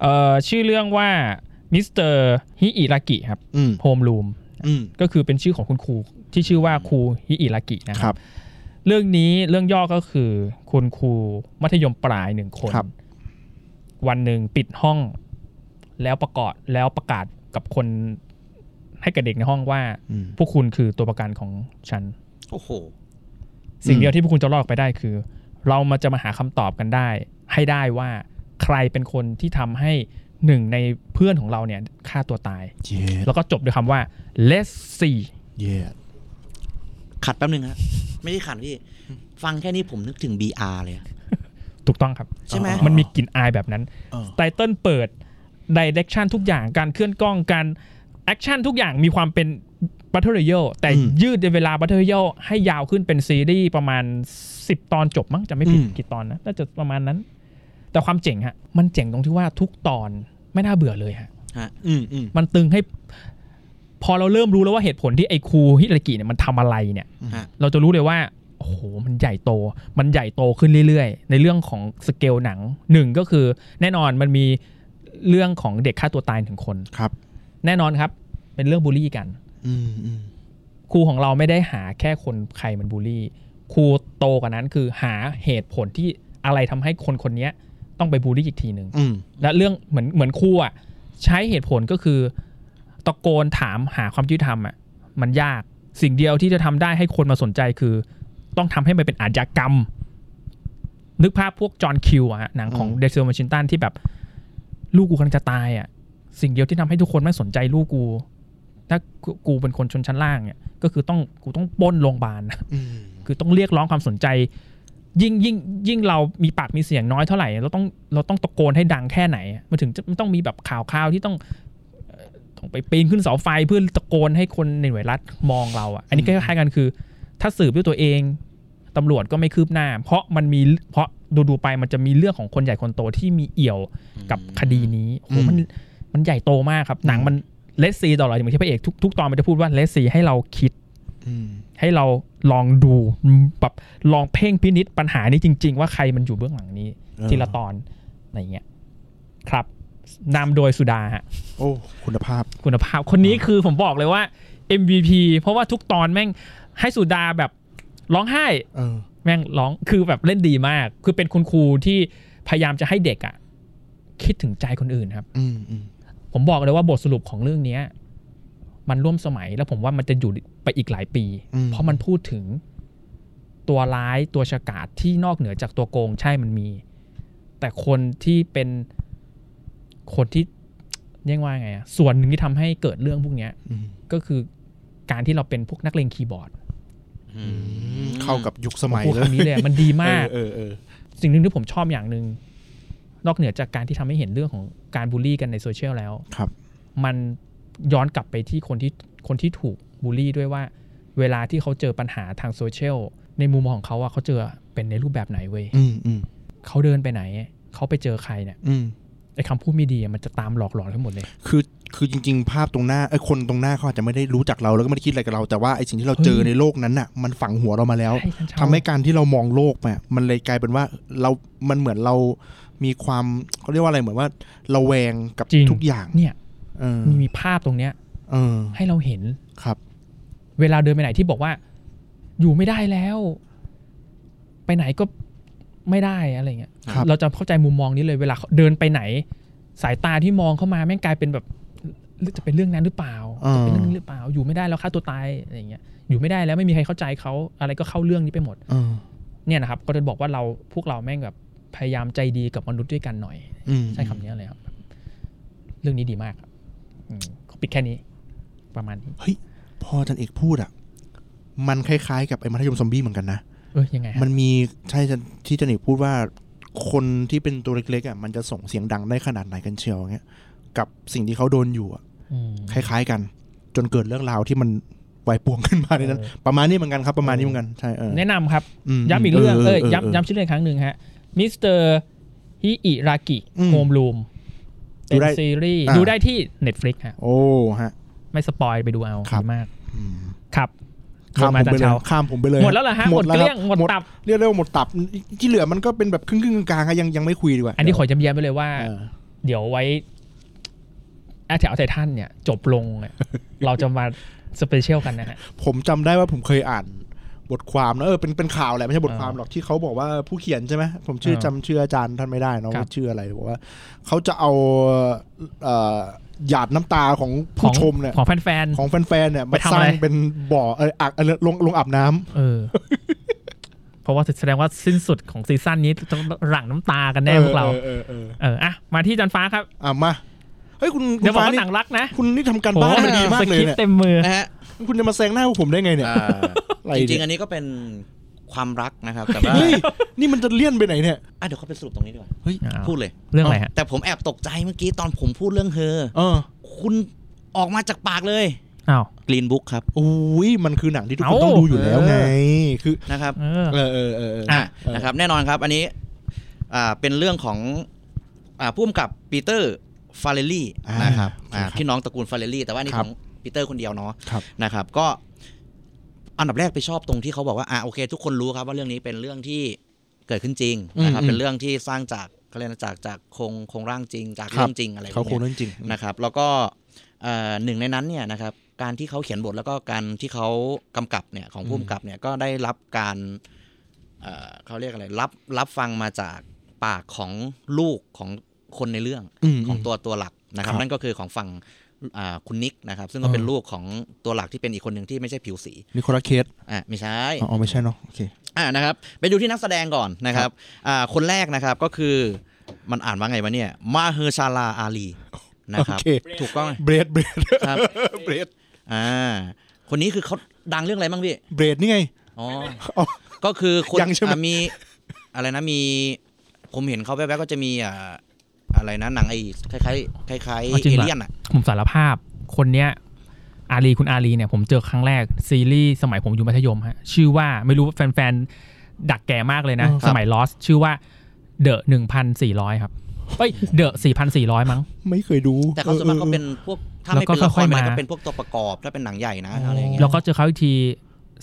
Speaker 2: เอ่อชื่อเรื่องว่ามิสเตอร์ฮิอิรากิครับ
Speaker 3: อืม
Speaker 2: โฮมรูม
Speaker 3: อืม
Speaker 2: ก็คือเป็นชื่อของคุณครูที่ชื่อว่าครูฮิอิรากินะค
Speaker 3: ครั
Speaker 2: รับ บ เรื่องนี้เรื่องย่อก็คือคุณครูมัธยมปลายหนึ่งคน
Speaker 3: ครับ
Speaker 2: วันหนึ่งปิดห้อง แล้วประกาศแล้วประกาศกับคนให้กับเด็กในห้องว่า
Speaker 3: อืม
Speaker 2: พวกคุณคือตัวประกันของฉัน
Speaker 4: โอ้โห
Speaker 2: สิ่ง
Speaker 3: อืม
Speaker 2: เดียวที่พวกคุณจะรอดไปได้คือ เรามาจะมาหาคำตอบกันได้ ให้ได้ว่าใครเป็นคนที่ทำให้หนึ่งในเพื่อนของเราเนี่ยฆ่าตัวตาย
Speaker 3: เย็ด
Speaker 2: แล้วก็จบด้วยคำว่า let's see
Speaker 3: เย็ด
Speaker 4: ขัดแป๊บนึงฮะไม่ใช่ขัดพี่ ฟังแค่นี้ผมนึกถึง BR เลยอะ
Speaker 2: ถูกต้องครับ
Speaker 4: ใช่ไหม
Speaker 2: มันมีกลิ่นอายแบบนั้น
Speaker 3: เออ
Speaker 2: ไตเติลเปิดดิเรกชันทุกอย่างการเคลื่อนกล้องการแอคชั่นทุกอย่างมีความเป็นบัตเทอร์เยลแต่ยืดในเวลาบัตเทอร์เยลให้ยาวขึ้นเป็นซีรีส์ประมาณ 10 ตอนจบมั้งจะไม่ผิดกี่ตอนนะน่าจะประมาณนั้น แต่ความเจ๋งฮะ มันเจ๋งตรงที่ว่าทุกตอนไม่น่าเบื่อเลยฮะ
Speaker 3: อืมอืม
Speaker 2: มันตึงให้ พอเราเริ่มรู้แล้วว่าเหตุผลที่ไอ้ครูฮิรากิเนี่ยมันทำอะไรเนี่ย
Speaker 4: ฮะ
Speaker 2: เราจะรู้เลยว่า โอ้โห มันใหญ่โต มันใหญ่โตขึ้นเรื่อยๆ ในเรื่องของสเกลหนังหนึ่งก็คือแน่นอนมันมีเรื่องของเด็กฆ่าตัวตายถึงคน
Speaker 3: ครับ
Speaker 2: แน่นอนครับ เป็นเรื่องบูลลี่กัน
Speaker 3: อืมอืม
Speaker 2: ครูของเราไม่ได้หาแค่คนใครมันบูลลี่ ครูโตกว่านั้นคือหาเหตุผลที่อะไรทำให้คนคนเนี้ยต้องไปบูลลี่อีกทีหนึ่ง
Speaker 3: อืม
Speaker 2: และเรื่องเหมือนเหมือนครูอ่ะใช้เหตุผลก็คือ ตะโกนถามหาความยุติธรรมอ่ะมันยากสิ่งเดียวที่จะทำได้ให้คนมาสนใจคือ ต้องทำให้มันเป็นอาชญากรรม นึกภาพพวกจอห์นคิวอะฮะหนังของเดซิลมาชินตันที่แบบ ลูกกูกำลังจะตายอ่ะสิ่งเดียวที่ทำให้ทุกคนไม่สนใจลูกกู ถ้ากูกูเป็นคนชนชั้นล่างเนี่ยก็คือต้องกูต้องปล้นโรงพยาบาล
Speaker 3: อืม
Speaker 2: คือต้องเรียกร้องความสนใจ ยิ่งยิ่งยิ่งเรามีปากมีเสียงน้อยเท่าไหร่ เราต้องเราต้องตะโกนให้ดังแค่ไหนมันถึงจะมันต้องมีแบบข่าวข่าวที่ต้องเอ่อต้องไปปีนขึ้นเสาไฟเพื่อตะโกนให้คนในหน่วยรัฐมองเราอ่ะอันนี้ก็คล้ายๆกันคือ ถ้าสืบด้วยตัวเองตำรวจก็ไม่คืบหน้า เพราะมันมีเพราะดูดูๆไปมันจะมีเรื่องของคนใหญ่คนโตที่มีเอี่ยวกับคดีนี้โอ้โหมันมันใหญ่โตมากครับ หนังมันเลสซีตลอดอย่างที่พระเอกทุกทุกตอนมันจะพูดว่าเลสซีให้เราคิด
Speaker 3: อืม
Speaker 2: ให้เราลองดูแบบลองเพ่งพินิษปัญหานี้จริง ๆ ว่าใครมันอยู่เบื้องหลังนี้ ทีละตอนอะไรเงี้ยครับนำโดยสุดาฮะ
Speaker 3: โอ้ คุณภาพ
Speaker 2: คุณภาพคนนี้คือผมบอกเลยว่า MVP เพราะว่าทุกตอนแม่งให้สุดาแบบร้องไห้
Speaker 3: เออ
Speaker 2: แม่งร้องคือแบบเล่นดีมาก คือเป็นคุณครูที่พยายามจะให้เด็กอะคิดถึงใจคนอื่นครับ
Speaker 3: อืมอืม
Speaker 2: ผมบอกเลยว่าบทสรุปของเรื่องเนี้ยมันร่วมสมัยแล้วผมว่ามันจะอยู่ไปอีกหลายปี
Speaker 3: อืม
Speaker 2: เพราะมันพูดถึงตัวร้ายตัวฉกาจที่นอกเหนือจากตัวโกงใช่มันมี แต่คนที่เป็นคนที่ เรียกว่าไงอะส่วนหนึ่งที่ทำให้เกิดเรื่องพวกเนี้ย
Speaker 3: อืม
Speaker 2: ก็คือการที่เราเป็นพวกนักเลงคีย์บอร์ด
Speaker 4: อืม
Speaker 3: เข้ากับยุคสมัย
Speaker 2: พูด
Speaker 3: เลย
Speaker 2: คำนี้เลยอะมันดีมาก
Speaker 3: เออเออเออ
Speaker 2: สิ่งหนึ่งที่ผมชอบอย่างหนึ่งนอกเหนือจากการที่ทำให้เห็นเรื่องของการบูลลี่กันในโซเชียลแล้ว
Speaker 3: ครับ
Speaker 2: มันย้อนกลับไปที่คนที่คนที่ถูกบูลลี่ด้วยว่า เวลาที่เขาเจอปัญหาทางโซเชียลในมุมมองของเขาอะเขาเจอเป็นในรูปแบบไหนเว้ย
Speaker 3: อืมอืม
Speaker 2: เขาเดินไปไหน เขาไปเจอใครเนี่ย
Speaker 3: อืม
Speaker 2: ไอ้คำพูดไม่ดีอะมันจะตามหลอกหลอนทั้งหมดเลย
Speaker 3: คือคือจริง ๆ ภาพตรงหน้าไอ้ยคนตรงหน้าเขาอาจจะไม่ได้รู้จักเราแล้วก็ไม่ได้คิดอะไรกับเรา แต่ว่าไอ้สิ่งที่เราเจอในโลกนั้นน่ะ มันฝังหัวเรามาแล้ว
Speaker 2: ใช่ท่านเชา
Speaker 3: ทำให้การที่เรามองโลกเนี่ยมันเลยกลายเป็นว่าเรา มันเหมือนเรามีความเขาเรียกว่าอะไรเหมือนว่าเราแวงกับ
Speaker 2: จริง
Speaker 3: ทุกอย่าง
Speaker 2: เนี่ย
Speaker 3: เออ
Speaker 2: มีภาพตรงเนี้ย
Speaker 3: เออ
Speaker 2: ให้เราเห็น
Speaker 3: ครับ
Speaker 2: เวลาเดินไปไหนที่บอกว่า อยู่ไม่ได้แล้ว ไปไหนก็ไม่ได้อะไรเงี้ย
Speaker 3: ครับ
Speaker 2: เราจะเข้าใจมุมมองนี้เลยเวลาเดินไปไหน สายตาที่มองเข้ามาแม่งกลายเป็นแบบ จะเป็นเรื่องนั้นหรือเปล่า
Speaker 3: อ่า
Speaker 2: จะเป็นเรื่องนี้หรือเปล่า อยู่ไม่ได้แล้วฆ่าตัวตายอะไรอย่างเงี้ยอยู่ไม่ได้แล้วไม่มีใครเข้าใจเขาอะไรก็เข้าเรื่องนี้ไปหมด
Speaker 3: อืม
Speaker 2: เนี่ยนะครับก็จะบอกว่าเราพวกเราแม่งแบบพยายามใจดีกับมนุษย์ด้วยกันหน่อย
Speaker 3: อืม
Speaker 2: ใช้คำนี้เลยครับ เรื่องนี้ดีมากครับอืมก็ปิดแค่นี้ ประมาณนี้
Speaker 3: เฮ้ยพออาจันเอกพูดอ่ะ มันคล้ายๆกับไอ้มัธยมซอมบี้เหมือนกันนะ
Speaker 2: เออยังไงฮะ
Speaker 3: มันมีใช่จะที่อาจันเอกพูดว่าคนที่เป็นตัวเล็กๆอ่ะมันจะส่งเสียงดังได้ขนาดไหนกันเชียวเงี้ยกับสิ่งที่เขาโดนอยู่อ่ะ
Speaker 2: อืม
Speaker 3: คล้าย ๆ กัน จนเกิดเรื่องราวที่มันวายป่วงขึ้นมาในนั้น
Speaker 2: เออ
Speaker 3: ประมาณนี้เหมือนกันครับประมาณนี้เหมือนกันใช่เออ
Speaker 2: แนะนำครับ
Speaker 3: อื
Speaker 2: ย้ำอีกเรื่องเอ้ยย้ำ
Speaker 3: เออ
Speaker 2: ย้ำชื่อเรื่องอีกครั้งหนึ่งฮะมิสเตอร์ฮิอิรากิ
Speaker 3: อืม
Speaker 2: โฮมรูมเป็
Speaker 3: ดู
Speaker 2: น
Speaker 3: ได้
Speaker 2: ซีรีส์
Speaker 3: อ่า
Speaker 2: ดูได้ที่ Netflix ฮะ
Speaker 3: โอ้ฮะ
Speaker 2: ไม่สปอยไปดูเอา
Speaker 3: ครับ
Speaker 2: ดีมาก
Speaker 3: อืม
Speaker 2: ครับ
Speaker 3: ข้ามผม
Speaker 2: โดย
Speaker 3: ไป
Speaker 2: จก
Speaker 3: เลย
Speaker 2: ชาว
Speaker 3: ข้ามผมไปเลย
Speaker 2: หมดแล้วเหรอฮะหมด
Speaker 3: แล้ว
Speaker 2: เกลี้ย
Speaker 3: ครั
Speaker 2: ง
Speaker 3: บ
Speaker 2: หมดตับ
Speaker 3: เรียกได้ว่าหมดตับที่เหลือมันก็เป็นแบบครึ่งๆกลางๆอะยังยังไม่คุยดีกว่า
Speaker 2: อันนี้ขอย้ำเย้มไปเลยว่า
Speaker 3: เออ
Speaker 2: เดี๋ยวไว้แอทแถวไททันเนี่ย จบลงเนี่ยเราจะ มาสเปเชียลกันนะฮะ
Speaker 3: ผมจำได้ว่าผมเคยอ่านบทความนะเออเป็นเป็นข่าวแหละไม่ใช่บท
Speaker 2: อ่า
Speaker 3: ความหรอกที่เขาบอกว่าผู้เขียนใช่ไหมผมชื่อ
Speaker 2: เออ
Speaker 3: จำชื่ออาจารย์ท่านไม่ได้เนอะ
Speaker 2: ครับ
Speaker 3: ว่าชื่ออะไรบอกว่าเขาจะเอาเอ่อหยาดน้ำตาของผู้ชมเนี่ย
Speaker 2: ของแฟน
Speaker 3: ของแฟนๆเนี่ย
Speaker 2: ไป
Speaker 3: มา
Speaker 2: ทำ
Speaker 3: สร้า
Speaker 2: อะไร
Speaker 3: งเป็นบ่อเอออักเออลงลงอาบน้ำ
Speaker 2: ๆเอ อ เพราะว่าแสดงว่าสิ้นสุดของซีซั่นนี้ต้องหลั่งน้ำตากันแน่พวกเรา
Speaker 3: ออออเออ
Speaker 2: เอออ่ะมาที่จันฟ้าครับ
Speaker 3: อ่ะมาเฮ้ยคุณคุ
Speaker 2: เดี๋ย
Speaker 3: ณ
Speaker 2: วบอก
Speaker 3: ฟ้า
Speaker 2: ว่า
Speaker 3: นี่
Speaker 2: หนังรักนะ
Speaker 3: คุณนี่ทำการบ้านมาดีมาก
Speaker 2: ส
Speaker 3: เลย
Speaker 2: คริป
Speaker 3: เนี่ย
Speaker 2: ต์เต็มมือ
Speaker 4: นะฮะ
Speaker 3: คุณจะมาแซงหน้าพวกผมได้ไงเนี่ย
Speaker 4: อ่า
Speaker 3: อะไร
Speaker 4: จริ
Speaker 3: เนี่
Speaker 4: ง
Speaker 3: ย
Speaker 4: ๆอันนี้ก็เป็นความรักนะครับ แต่ว่า
Speaker 3: เฮ้ยนี่มันจะเลี่ยนไปไหนเนี่ย
Speaker 4: อ่ะเดี๋ยวเขาไปสรุปตรงนี้ดีกว่า
Speaker 3: เฮ้ย
Speaker 2: อ่า
Speaker 4: พูดเลย
Speaker 2: เรื่องอะไรฮะ
Speaker 4: แต่ผมแอบตกใจเมื่อกี้ตอนผมพูดเรื่องเธอ
Speaker 3: เออ
Speaker 4: คุณออกมาจากปากเลย
Speaker 2: อ้าว
Speaker 4: กรีนบุ๊กครับ
Speaker 3: โอ้ยมันคือหนังที่ทุกคน
Speaker 2: เอ้า
Speaker 3: ต้องดูอยู่แล้วไงคือ
Speaker 4: นะครับ
Speaker 2: เออ
Speaker 3: เออเออเออเออ
Speaker 4: อ่ะ
Speaker 3: เออ
Speaker 4: นะครับแน่นอนครับอันนี้อ่าเป็นเรื่องของอ่าผู้กำกับปีเตอร์ฟาเรลลี่
Speaker 3: อ่าน
Speaker 4: นะครับอ่า
Speaker 3: ครับ
Speaker 4: พี่น้องตระกูลฟาเรลลี่แต่ว่าอันนี่
Speaker 3: ค
Speaker 4: ข
Speaker 3: รับ
Speaker 4: องปีเตอร์คนเดียวเนาะ
Speaker 3: ครับ
Speaker 4: นะครับก็อันดับแรกไปชอบตรงที่เขาบอกว่าอ่าโอเค ทุกคนรู้ครับว่าเรื่องนี้เป็นเรื่องที่เกิดขึ้นจริงนะครับเป็นเรื่องที่สร้างจากเขาเรียกนะจากจากโครงโครงร่างจริง จากเรื่องจริงอะไรพวก
Speaker 3: เขา
Speaker 4: นี้ย
Speaker 3: โคงเรื่องจริง
Speaker 4: นะครับแล้วก็เอ่อหนึ่งในนั้นเนี่ยนะครับการที่เขาเขียนบทแล้วก็การที่เขากำกับเนี่ยของผู้กำกับเนี่ยก็ได้รับการเอ่อเขาเรียกอะไรรับรับฟังมาจากปากของลูกของคนในเรื่อง
Speaker 3: อืม
Speaker 4: ของตัวตัวหลักนะครับ
Speaker 3: ครับ
Speaker 4: นั่นก็คือของฝั่งอ่าคุณนิกนะครับซึ่งก็เป็น
Speaker 3: เออ
Speaker 4: ลูกของตัวหลักที่เป็นอีกคนหนึ่งที่ไม่ใช่ผิวสี
Speaker 3: นิโคลัสเคส
Speaker 4: อ่ะไม่ใช่
Speaker 3: อ๋อไม่ใช่เนาะโอเค
Speaker 4: อ่านะครับไปดูที่นักแสดงก่อนนะครับอ่าคนแรกนะครับก็คือมันอ่านว่าไงวะเนี่ยมาเฮอร์ชาลาอาลีนะครับ
Speaker 3: โอเค
Speaker 4: ถูกต้องไหม
Speaker 3: เบรดเบรด
Speaker 4: ครับ
Speaker 3: เบรด
Speaker 4: อ่าคนนี้คือเขาดังเรื่องอะไรบ้างพี่
Speaker 3: เบรดนี่ไง
Speaker 4: อ๋อ
Speaker 3: อ๋อ
Speaker 4: ก็คือคน
Speaker 3: ยังใช่ไหม
Speaker 4: อ่ะมีอะไรนะมี ผมเห็นเขาแว๊บๆก็จะมีอ่าอะไรนะหนังไอ้คล้ายๆคล้าย
Speaker 2: อ๋อ
Speaker 4: ๆ
Speaker 2: จริเหรอ
Speaker 4: เองเลี่ยนอ่ะ
Speaker 2: ผมสารภาพ คนเนี้ย อารีคุณอารีเนี่ย ผมเจอครั้งแรกซีรีส์สมัยผมอยู่มัธยมฮะ ชื่อว่าไม่รู้ว่าแฟนๆ ดักแก่มากเลยนะ สมัยลอส ชื่อว่าเดอะหนึ่งพันสี่ร้อยครับเอ้ยเดอะสี่พันสี่ร้อยมั้ง
Speaker 3: ไม่เคยดู
Speaker 4: แต่เขาส่วนมาก
Speaker 3: ออ
Speaker 4: เขา
Speaker 3: ออ
Speaker 4: เป็นพวกถ้า
Speaker 2: แล้ว
Speaker 4: ไม่
Speaker 2: ก็
Speaker 4: เป็นละค
Speaker 2: ค่อ
Speaker 4: ร
Speaker 2: ยๆ
Speaker 4: อะไร
Speaker 2: มา
Speaker 4: ก็เป็นพวกตัวประกอบถ้าเป็นหนังใหญ่นะอะไรอย่างเงี้ย
Speaker 2: แล้วก็เจอเขาอีกที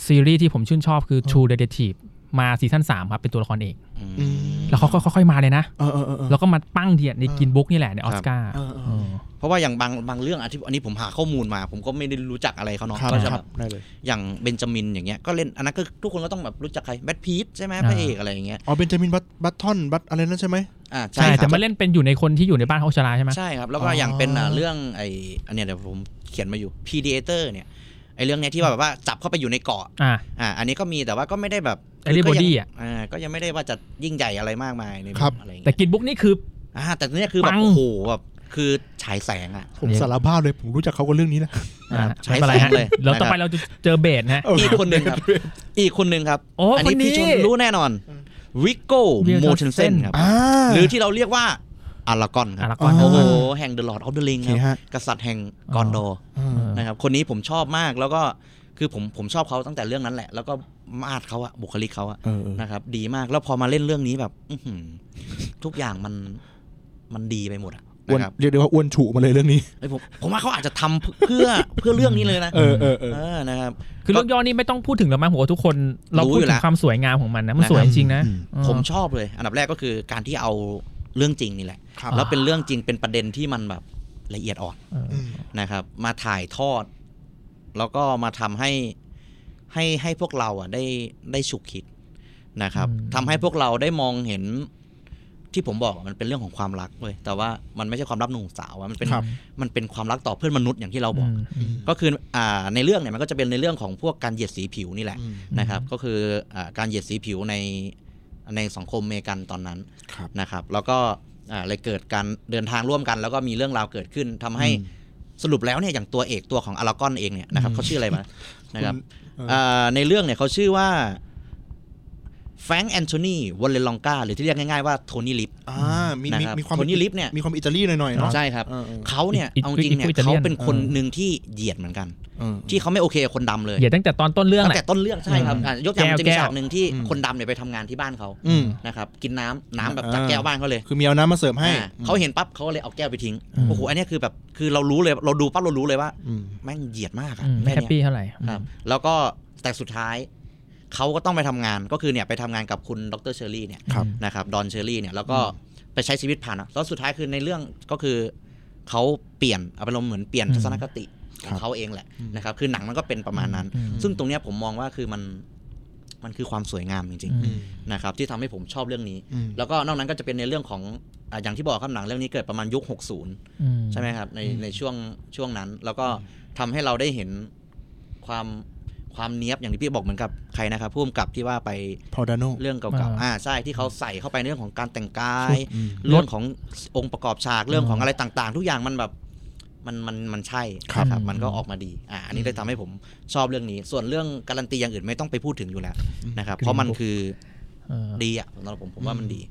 Speaker 2: ซีรีส์ที่ผมชื่นชอบคือ True Detective มาซีซั่น3ครับ เป็นตัวละครเอก
Speaker 4: อืม
Speaker 2: แล้วเขาก็ค่อยๆมาเลยนะ
Speaker 3: เออเออเออเออ
Speaker 2: แล้วก็มาปั้งเดียดในกินบุ๊กนี่แหละในออ
Speaker 4: ครั
Speaker 2: ส
Speaker 4: บ
Speaker 2: การ์
Speaker 3: เออเออ
Speaker 2: เออ
Speaker 4: เพราะว่าอย่างบางบางเรื่องอะที่อันนี้ผมหาข้อมูลมา ผมก็ไม่ได้รู้จักอะไรเขาเนาะ
Speaker 3: ครับ
Speaker 4: ก็
Speaker 3: ค
Speaker 4: จะแบ
Speaker 3: รั
Speaker 4: บบ
Speaker 3: ได้เลย
Speaker 4: อย่างเบนจามินอย่างเงี้ยก็เล่นอันนั้นก็ทุกคนก็ต้องแบบรู้จักใครแบทพีทใช่ไหม
Speaker 2: อ่า
Speaker 4: พระเอกอะไรอย่างเงี้ย
Speaker 3: อ๋อเบนจามินบัตบัตทอนบัตอะไรนั่นใช่ไหม
Speaker 4: อ่า
Speaker 2: ใช่
Speaker 4: ใช่ครั
Speaker 2: แต่
Speaker 4: บ
Speaker 2: มาเล่นเป็นอยู่ในคนที่อยู่ในบ้านเขาชราใช่ไหม
Speaker 4: ใช่ครับแล้วก็
Speaker 3: อ๋ออ
Speaker 4: อย่างเป็นอ่ะเรื่องไออันเนี้ยเดี๋ยวผมเขียนมาอยู่ Predator เนี่ยไอเรื่องเนี้ยที่ว่าแบบว่าจับเข้าไปอยู่ในเกาะ
Speaker 2: อ่า
Speaker 4: อ่าอันนี้ก็มีแต่ว่าก็ไม่ได้แบบ
Speaker 2: Everybody
Speaker 4: ก็ยัง
Speaker 2: อะ
Speaker 4: อ่าก็ยังไม่ได้ว่าจะยิ่งใหญ่อะไรมากมายใน
Speaker 3: ครับ
Speaker 4: อะไรอย่าง
Speaker 2: แต่
Speaker 4: เงี้ย
Speaker 2: กินบุ๊กนี่คือ
Speaker 4: อ่าแต่เนี้ยคือแบ
Speaker 2: ปั
Speaker 4: บ
Speaker 2: ง
Speaker 4: โอ้โหแบบคือฉายแสงอ่ะ
Speaker 3: ผมสารภาพเลยผมรู้จักเขากับเรื่องนี้นะ
Speaker 2: อ่า
Speaker 4: ใช่
Speaker 2: ไม่เป็นไรฮะ
Speaker 4: ใช่เลย
Speaker 2: แล้วต่อไปเราจะเจอเบสฮะ
Speaker 3: เอออี
Speaker 4: อีกคนหนึ่งครับ อีกคนหนึ่งครับ
Speaker 2: โอ้
Speaker 4: อันี้
Speaker 2: คนนี้
Speaker 4: พี่ชนรู้แน่นอนวิโก้โม
Speaker 2: Viggo
Speaker 4: เทนเซน
Speaker 2: Mortensen
Speaker 4: ครับ
Speaker 3: อ่า
Speaker 4: หรือที่เราเรียกว่าอารากอนครั
Speaker 2: อา
Speaker 4: บ
Speaker 2: รักอน
Speaker 4: โอ้โหแห่งเดอะลอร์ดออฟเดอะลิงค
Speaker 3: โอเค
Speaker 4: รั
Speaker 3: ฮะ
Speaker 4: บกษัตริย์แห่งกอนโด
Speaker 3: อ่า
Speaker 4: นะครับคนนี้ผมชอบมากแล้วก็คือผมผมชอบเขาตั้งแต่เรื่องนั้นแหละ แล้วก็มาดเขาอะบุคลิกเขาอะ
Speaker 3: เออเออ
Speaker 4: นะครับดีมากแล้วพอมาเล่นเรื่องนี้แบบอื้อหือทุกอย่างมันมันดีไปหมดอะ
Speaker 3: อ้วน
Speaker 4: นะครับ
Speaker 3: เรียกได้ว่าอ้วนฉุมาเลยเรื่องนี้
Speaker 4: เอ้ยผมผมว่าเขาอาจจะทำเพื่อเพื่อเรื่องนี้เลยนะ
Speaker 3: เออเออเออ
Speaker 4: เออนะครับ
Speaker 2: คือเรื่องย่อนี่ไม่ต้องพูดถึงแล้วมั้งผมว่าทุกคน เราพูด
Speaker 4: รู้อยู่
Speaker 2: ถึ
Speaker 4: แล้
Speaker 2: ง
Speaker 4: ว
Speaker 2: ความสวยงามของมันนะมัน
Speaker 4: นะครับ
Speaker 2: สวยจริงๆนะ
Speaker 3: อืม
Speaker 2: เออ
Speaker 4: ผมชอบเลย อันดับแรกก็คือการที่เอาเรื่องจริงนี่แหละ
Speaker 3: ครับ
Speaker 4: แล้วเป็นเรื่องจริงเป็นประเด็นที่มันแบบละเอียดอ่อน
Speaker 3: อืม
Speaker 4: นะครับ มาถ่ายทอด แล้วก็มาทำให้ให้ให้พวกเราอ่ะได้ได้ฉุกคิดนะครับ
Speaker 2: อืม
Speaker 4: ทำให้พวกเราได้มองเห็น ที่ผมบอกอะมันเป็นเรื่องของความรักเว้ยแต่ว่ามันไม่ใช่ความรักหนุ่มสาวอะมันเป็น
Speaker 6: ครับ
Speaker 4: มันเป็นความรักต่อเพื่อนมนุษย์อย่างที่เราบ
Speaker 2: อื
Speaker 4: อก
Speaker 2: มอืม
Speaker 4: ก็คืออ่าในเรื่องเนี่ยมันก็จะเป็นในเรื่องของพวกการเหยียดสีผิวนี่แหละ
Speaker 3: อืม
Speaker 4: นะครับก็คืออ่าการเหยียดสีผิวในในสังคมอเมริกันตอนนั้น
Speaker 3: ครับ
Speaker 4: นะครับ แล้วก็อ่าเลยเกิดการเดินทางร่วมกัน แล้วก็มีเรื่องราวเกิดขึ้นทำให้สรุปแล้วเนี่ยอย่างตัวเอกตัวของอารากอนเองเนี่ยนะครับเขาชื่ออะไรมานะครับ
Speaker 3: เออ
Speaker 4: อ่าในเรื่องเนี่ยเขาชื่อว่าแฟรงแอนโทนีวอลเลนลองกาหรือที่เรียกง่ายๆว่าโทนี่ลิฟ
Speaker 6: อ่า
Speaker 3: มี
Speaker 4: นะ
Speaker 3: มี
Speaker 4: ครับ
Speaker 3: มีความ
Speaker 4: โทนี่ลิฟเนี่ย
Speaker 3: มีความอิตาลีหน่อยๆเนาะ
Speaker 4: ใช่ครับ
Speaker 3: เออเออ
Speaker 4: เขาเนี่ย
Speaker 2: อิต
Speaker 4: เอาจริงเนี่ย
Speaker 2: อิตาเลียน
Speaker 4: เขาเป็นคนหนึ่งที่เหยียดเหมือนกัน
Speaker 3: เออ
Speaker 4: ที่เขาไม่โอเคกับคนดำเลย
Speaker 2: เหยียดตั้งแต่ตอนต้นเรื่อง
Speaker 4: ตั้
Speaker 2: แห
Speaker 4: ง
Speaker 2: ละ
Speaker 4: แต่ต้นเรื่องใช่ครับ
Speaker 2: อืม
Speaker 4: อ่ะยกตัวอย่างมันจะมี
Speaker 2: แก้ว
Speaker 4: ฉากหนึ่งที่
Speaker 3: อืม
Speaker 4: คนดำเนี่ยไปทำงานที่บ้านเขา
Speaker 3: อืม
Speaker 4: นะครับกินน้ำน้ำแบบ
Speaker 3: อ่า
Speaker 4: จากแก้วบ้านเขาเลย
Speaker 3: คือมีเอาน้ำมาเสิร์ฟให้
Speaker 4: อ่าเขาเห็นปั๊บเขาก็เลยเอาแก้วไปทิ้ง
Speaker 2: อืม
Speaker 4: โอ้โหอันเนี้ยคือแบบคือเรารู้เลยเราดูปั๊บเรารู้เลยว่า
Speaker 3: อืม
Speaker 4: แม่งเหยียดมากอะ
Speaker 2: อืมไม่
Speaker 4: แค่
Speaker 2: แฮป
Speaker 4: เนี้ย
Speaker 2: ปี้เท่าไหร่
Speaker 4: ครับแล้วก็แต่สุดท้ายเขาก็ต้องไปทำงานก็คือเนี่ยไปทำงานกับคุณดรเชอรี่เนี่ย
Speaker 3: ครับ
Speaker 4: นะครับดอนเชอรี่เนี่ยแล้วก็ไปใช้ชีวิตผ่านอะแล้วสุดท้ายคือในเรื่องก็คือเขาเปลี่ยนอารมณ์เหมือนเปลี่ยนทัศนคติของเขาเองแหละนะครับคือหนังมันก็เป็นประมาณนั้น
Speaker 2: อืม
Speaker 4: ซึ่งตรงเนี้ยผมมองว่าคือมันมันคือความสวยงามจริง
Speaker 2: อืม
Speaker 4: ๆนะครับที่ทำให้ผมชอบเรื่องนี้
Speaker 3: อืม
Speaker 4: แล้วก็นอกนั้นก็จะเป็นในเรื่องของอ่ะอย่างที่บอกครับหนังเรื่องนี้เกิดประมาณยุค 60
Speaker 2: อื
Speaker 4: ใช่ไหมครับในในช่วงช่วงนั้น แล้วก็ทำให้เราได้เห็นความความเนี้ยบอย่างที่พี่บอกเหมือนกับใครนะครับผู้กำกับที่ว่าไป
Speaker 3: พอดาโน
Speaker 4: เรื่องเก่าๆอ่าใช่ที่เขาใส่เข้าไปในเรื่องของการแต่งกาย
Speaker 3: อืม
Speaker 4: เรื่องขององค์ประกอบฉากเรื่องของอะไรต่างๆ ทุกอย่างมันแบบมันมันมันใช่
Speaker 2: ครับ
Speaker 4: นะมันก็ออกมาดีอ่าอันนี้ได้ทำให้ผมชอบเรื่องนี้ ส่วนเรื่องการันตีอย่างอื่นไม่ต้องไปพูดถึงอยู่แล้วนะครับ เพราะมันคือ
Speaker 2: เออ
Speaker 4: ดีอ่ะสำหรับผมผมว่ามันดี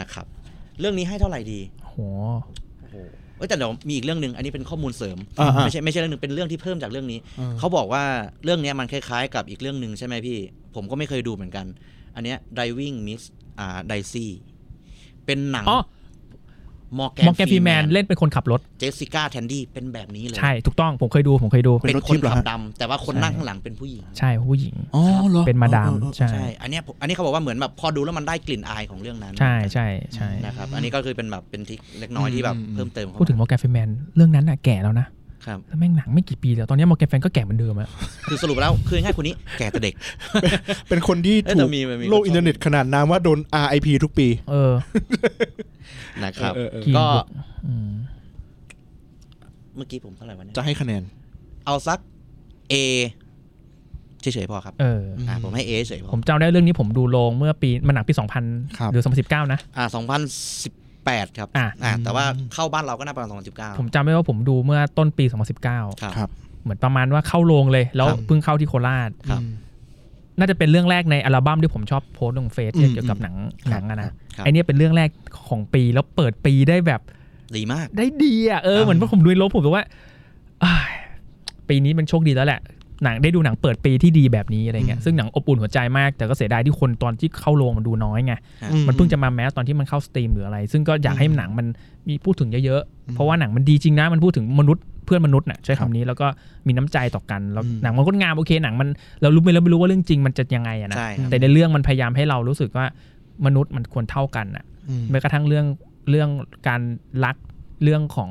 Speaker 4: นะครับ เรื่องนี้ให้เท่าไหร่ดี
Speaker 2: โห
Speaker 4: โอ้โหเอ้ยแต่เดี๋ยวมีอีกเรื่องหนึ่งอันนี้เป็นข้อมูลเสริม
Speaker 3: อ่าๆ
Speaker 4: ไม่ใช่ไม่ใช่เรื่องหนึ่งเป็นเรื่องที่เพิ่มจากเรื่องนี้เขาบอกว่าเรื่องเนี้ยมันคล้ายๆ กับอีกเรื่องหนึ่งใช่ไหมพี่ ผมก็ไม่เคยดูเหมือนกัน อันเนี้ย Driving Miss อ่า Daisy เป็นหนัง
Speaker 2: อ๋อ
Speaker 4: Morgan
Speaker 2: มอร์แกนฟรีแมน
Speaker 4: Freeman
Speaker 2: เล่นเป็นคนขับรถ
Speaker 4: เจสสิก้าแทนดี้เป็นแบบนี้เลย
Speaker 2: ใช่ ถูกต้องผมเคยดูผมเคยดู
Speaker 4: เป็น
Speaker 3: เป็นรถ
Speaker 4: ค
Speaker 3: ทิ
Speaker 4: น
Speaker 3: พย์เหรอ
Speaker 4: ขั
Speaker 3: ฮะ
Speaker 4: บดำแต่ว่าคนนั่งข้างหลังเป็นผู้หญิง
Speaker 2: ใช่ผู้หญิง
Speaker 3: อ๋อเหรอ
Speaker 2: เป็นมาดาม
Speaker 3: ออเออ
Speaker 2: ใช่
Speaker 4: ใช่ อันเนี้ยผมอันนี้เขาบอกว่าเหมือนแบบพอดูแล้วมันได้กลิ่นอายของเรื่องนั้น
Speaker 2: ใช่ใช่ใช่
Speaker 4: นะครับ อันนี้ก็คือเป็นแบบเป็นทริกเล็กน้อยที่แบบเพิ่มเติมเข้า
Speaker 2: พูดถึงมอร์แกนฟรีแมน เรื่องนั้นน่ะแก่แล้วนะ
Speaker 4: ครับ
Speaker 2: แล้วแม่งหนังไม่กี่ปีแล้ว ตอนนี้มอร์แกนแฟนก็แก่เหมือนเดิมอะ
Speaker 4: คือสรุปแล้วคือง่ายๆคนนี้แก่แต่เด็ก
Speaker 3: เป็นคนที่
Speaker 4: เอ้ย
Speaker 3: ถู
Speaker 4: แต่
Speaker 3: ก
Speaker 4: มีมันมี
Speaker 3: โลกอินเทอร์เน็ตขนาดนามว่าโดน RIP ทุกปี
Speaker 2: เออ
Speaker 4: นะครับ
Speaker 3: เออเออเออ
Speaker 4: ก็
Speaker 2: ยุคอืม
Speaker 4: เมื่อกี้ผมเท่าไหร่วะเนี่ย
Speaker 3: จะให้คะแนน
Speaker 4: เอาสัก A เฉยๆพอครับ
Speaker 2: เอออ
Speaker 4: อ่าผมให้ A เฉยๆพ
Speaker 2: ผ
Speaker 4: อ
Speaker 2: มจำได้เรื่องนี้ผมดูโรงเมื่อปีมันหนังปี
Speaker 3: ครับ
Speaker 2: 2000 หรือ 2019 นะ
Speaker 4: อ่าสองพันสิบแปดครับ
Speaker 2: อ่ะ
Speaker 4: อ่าแต่ว่าเข้าบ้านเราก็น่าประมาณสองพันสิบเก้า
Speaker 2: ผมจำได้ว่าผมดูเมื่อต้นปี
Speaker 4: ค
Speaker 2: 2019
Speaker 4: รับ
Speaker 3: ครับ
Speaker 2: เหมือนประมาณว่าเข้าโรงเลย แล้ว
Speaker 4: ครับ
Speaker 2: เพิ่งเข้าที่โคราช
Speaker 4: ครับ
Speaker 2: น่าจะเป็นเรื่องแรกในอัลบั้มที่ผมชอบโพสต์ลงเฟซเนี่ยเกี่ยวกับหนังหนังอะนะไอเนี้ยเป็นเรื่องแรกของปีแล้วเปิดปีได้แบบ
Speaker 4: ดีมาก
Speaker 2: ได้ดีอ่ะเออเหมือนว่าผมดูในโลบผมก็ว่าอ้ายปีนี้มันโชคดีแล้วแหละ หนังได้ดูหนังเปิดปีที่ดีแบบนี้อะไรเงี้ยซึ่งหนังอบอุ่นหัวใจมาก แต่ก็เสียดายที่คนตอนที่เข้าโรงมันดูน้อยไง มันเพิ่งจะมาแมสตอนที่มันเข้าสตรีมหรืออะไร ซึ่งก็อยากให้หนังมันมีพูดถึงเยอะๆ เพราะว่าหนังมันดีจริงนะ มันพูดถึงมนุษย์เพื่อนมนุษย์น่ะใช้คำนี้แล้วก็มีน้ำใจต่อกันแล้วหนังมันก็งามโอเคหนังมันเรารู้ไปแล้วไม่รู้ว่าเรื่องจริงมันจะยังไงอะนะ
Speaker 4: ใช่ครับ
Speaker 2: แต่ในเรื่องมันพยายามให้เรารู้สึกว่ามนุษย์มันควรเท่ากันน่ะแม้กระทั่งเรื่องเรื่องการรักเรื่องของ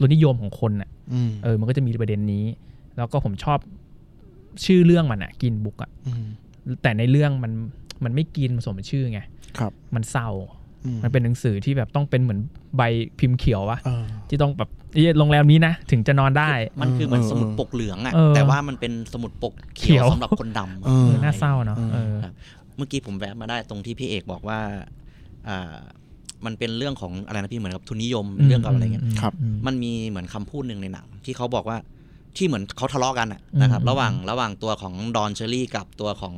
Speaker 2: รสนิยมของคนน่ะ
Speaker 3: อืม
Speaker 2: เออมันก็จะมีประเด็นนี้ แล้วก็ผมชอบชื่อเรื่องมันอ่ะกินบุกอ่ะ
Speaker 3: อืม
Speaker 2: แต่ในเรื่องมันมันไม่กินมันสมกับชื่อไง
Speaker 3: ครับ
Speaker 2: มันเศร้า
Speaker 3: อืม
Speaker 2: มันเป็นหนังสือที่แบบต้องเป็นเหมือนใบพิมพ์เขียววะ
Speaker 3: เออ
Speaker 2: ที่ต้องแบบเอ้ยโรงแรมนี้นะ ถึงจะนอนได้
Speaker 4: มันคือเหมือน
Speaker 3: เออ
Speaker 4: สมุดปกเหลืองอะ
Speaker 2: เออ
Speaker 4: แต่ว่ามันเป็นสมุดปกเขียว
Speaker 2: เขียว
Speaker 4: สำหรับคนดำ
Speaker 3: เออ
Speaker 2: เออน่าเศร้าเนาะเออ
Speaker 4: ครับเมื่อกี้ผมแวะมาได้ตรงที่พี่เอกบอกว่าอ่า มันเป็นเรื่องของอะไรนะพี่เหมือนกับทุนนิยม
Speaker 2: อืม
Speaker 4: เรื่องกับอะไรเงี้ย
Speaker 2: อืม
Speaker 3: ครับ
Speaker 2: อืม
Speaker 4: มันมีเหมือนคำพูดหนึ่งในหนังที่เขาบอกว่าที่เหมือนเขาทะเลาะกันอะ
Speaker 2: อืม
Speaker 4: นะครับ
Speaker 2: อืม
Speaker 4: ระหว่างระหว่างตัวของดอนเชอรี่กับตัวของ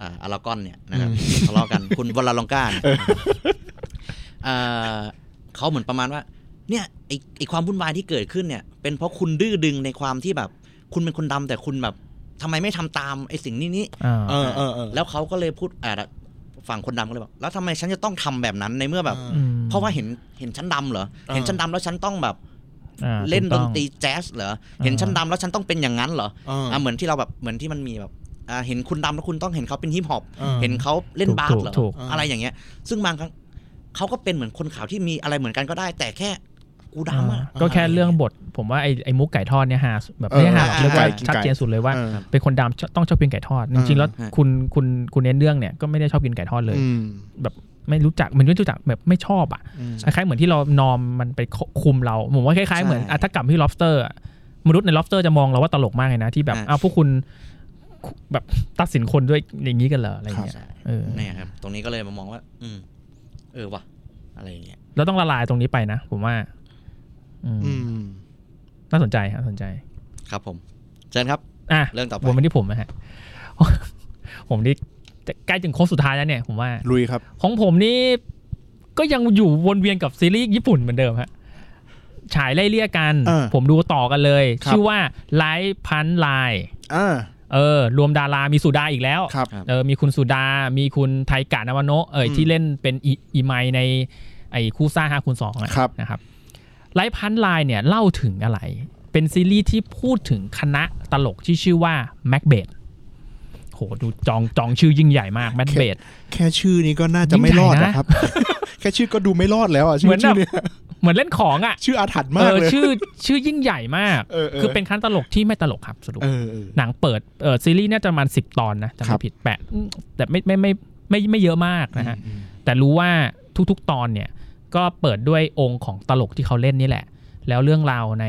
Speaker 4: อ่าอารากอนเนี่ยนะครับทะเลาะกันคุณวลาลองก้าเนี่ยอ่าเขาเหมือนประมาณว่า เนี่ยไอไอความวุ่นวายที่เกิดขึ้นเนี่ย เป็นเพราะคุณดื้อดึงในความที่แบบ คุณเป็นคนดำแต่คุณแบบทำไมไม่ทำตามไอสิ่งนี้นี้
Speaker 2: อ่า
Speaker 3: เออเออเออ
Speaker 4: แล้วเขาก็เลยพูดอ่าฝั่งคนดำก็เลยบอกแล้วทำไมฉันจะต้องทำแบบนั้นในเมื่อแบบ
Speaker 3: อ่
Speaker 2: อืม
Speaker 4: เพราะว่าเห็นเห็นฉันดำเหรอ
Speaker 3: อ่า
Speaker 4: เห็นฉันดำแล้วฉันต้องแบบ
Speaker 2: อ่า
Speaker 4: เล่นด
Speaker 2: ถูก
Speaker 4: น
Speaker 2: อง
Speaker 4: ตรีแจ๊สเหรอ เห็นฉันดำแล้วฉันต้องเป็นอย่างนั้นเหรอ
Speaker 3: เออ
Speaker 4: อ่าเหมือนที่เราแบบเหมือนที่มันมีแบบอ่าเห็นคุณดำแล้วคุณต้องเห็นเขาเป็นฮิปฮอป
Speaker 3: เออ
Speaker 4: เห็นเขาเล่น
Speaker 2: ถูก
Speaker 4: บาสเหรอ
Speaker 2: ถูก
Speaker 4: อะไรอย่างเงี้ย ซึ่งบางครั้งเขาก็เป็นเหมือนคนขาวที่มีอะไรเหมือนกันก็ได้ แต่แค่กู
Speaker 2: อ่า
Speaker 4: ดำอะ
Speaker 2: ก็แค่เรื่องบท ผมว่าไอ้ไอ้มุกไก่ทอดเนี่ยฮาแบบ
Speaker 3: เออ
Speaker 2: ไม่ฮาหรอกเรียกว่า
Speaker 3: ไก่กินไก่
Speaker 2: ชัดเจนสุดเลยว่า
Speaker 3: เออ
Speaker 2: เป็นคนดำชอบต้องชอบกินไก่ทอด จริงๆแล้ว
Speaker 4: อ่า
Speaker 2: คุณคุณคุณเน้นเรื่องเนี่ยก็ไม่ได้ชอบกินไก่ทอดเลย
Speaker 3: อืม
Speaker 2: แบบ ไม่รู้จักเหมือนไม่รู้จักแบบไม่ชอบอ่ะคล้ายๆเหมือนที่เรานอมมันไปคุมเราผมว่าคล้ายๆเหมือน
Speaker 4: ใช่
Speaker 2: อ่ะถ้ากลับที่ lobster อ่ะมนุษย์ใน lobster จะมองเราว่าตลกมากเลยนะที่แบบ
Speaker 4: อ่ะ
Speaker 2: อ้าวพวกคุณแบบตัดสินคนด้วยอย่างนี้กันเหรออะไรอย่างเงี้ย
Speaker 4: ใช่
Speaker 2: เออ
Speaker 4: เนี่ยครับ ตรงนี้ก็เลยมามองว่า อืม เออว่ะอะไรอย่างเงี้ย
Speaker 2: เราต้องละลายตรงนี้ไปนะ ผมว่า อืม
Speaker 3: อืม
Speaker 2: น่าสนใจฮะน่าสนใจ
Speaker 4: ครับผมเชิญครับ
Speaker 2: อ่ะ
Speaker 4: เรื่องต่อไป
Speaker 2: วนมาที่ผมนะฮ ะ ผมนี่จะใกล้ถึงโค้งสุดท้ายแล้วเนี่ยผมว่า
Speaker 3: ลุยครับ
Speaker 2: ของผมนี่ก็ยังอยู่วนเวียนกับซีรีส์ญี่ปุ่นเหมือนเดิมฮะฉายไล่เลี่ยกัน
Speaker 3: อ่า
Speaker 2: ผมดูต่อกันเลย
Speaker 3: ครับ
Speaker 2: ชื่อว่าไลฟ์พันไลน์
Speaker 3: อ่า
Speaker 2: เออ รวมดารามีสุดาอีกแล้ว
Speaker 3: ครับ
Speaker 2: เออมีคุณสุดา มีคุณไทกะนาวโนะเอออ
Speaker 3: ม
Speaker 2: ที่เล่นเป็นอิอิไมในไอ้คู่ซ่าห้าคูณสองอะ
Speaker 3: ครับ
Speaker 2: นะครับไลฟ์พันไลน์เนี่ยเล่าถึงอะไร เป็นซีรีส์ที่พูดถึงคณะตลกที่ชื่อว่าแม็กเบดโหดูจองจองชื่อยิ่งใหญ่มากแม็กเบด
Speaker 3: แค่ชื่อนี้ก็น่าจะไม่รอด
Speaker 2: ยิ่งใหญ่นะ
Speaker 3: นะครับ แค่ชื่อก็ดูไม่รอดแล้วอ่ะชื่
Speaker 2: เหมื
Speaker 3: อ
Speaker 2: อน
Speaker 3: ชื่อ
Speaker 2: แบบ
Speaker 3: เนี่ย
Speaker 2: เหมือนเล่นของอ่ะ
Speaker 3: ชื่ออาถรรพ์
Speaker 2: เอ
Speaker 3: มาก
Speaker 2: อ
Speaker 3: เลย
Speaker 2: ชื่อชื่อยิ่งใหญ่มาก
Speaker 3: เออ
Speaker 2: คือเป็นคันตลกที่ไม่ตลกครับสรุป
Speaker 3: เออเออ
Speaker 2: หนังเปิดเออซีรีส์น่าจะประมาณสิบตอนนะจำ
Speaker 3: ครั
Speaker 2: ไม่
Speaker 3: บ
Speaker 2: ผิดแปดอืมแต่ไม่ไม่ไม่ไม่ไม่ไม่เยอะมากนะฮะแต่รู้ว่าทุกๆตอนเนี่ย ก็เปิดด้วยองค์ของตลกที่เขาเล่นนี่แหละ แล้วเรื่องราวใน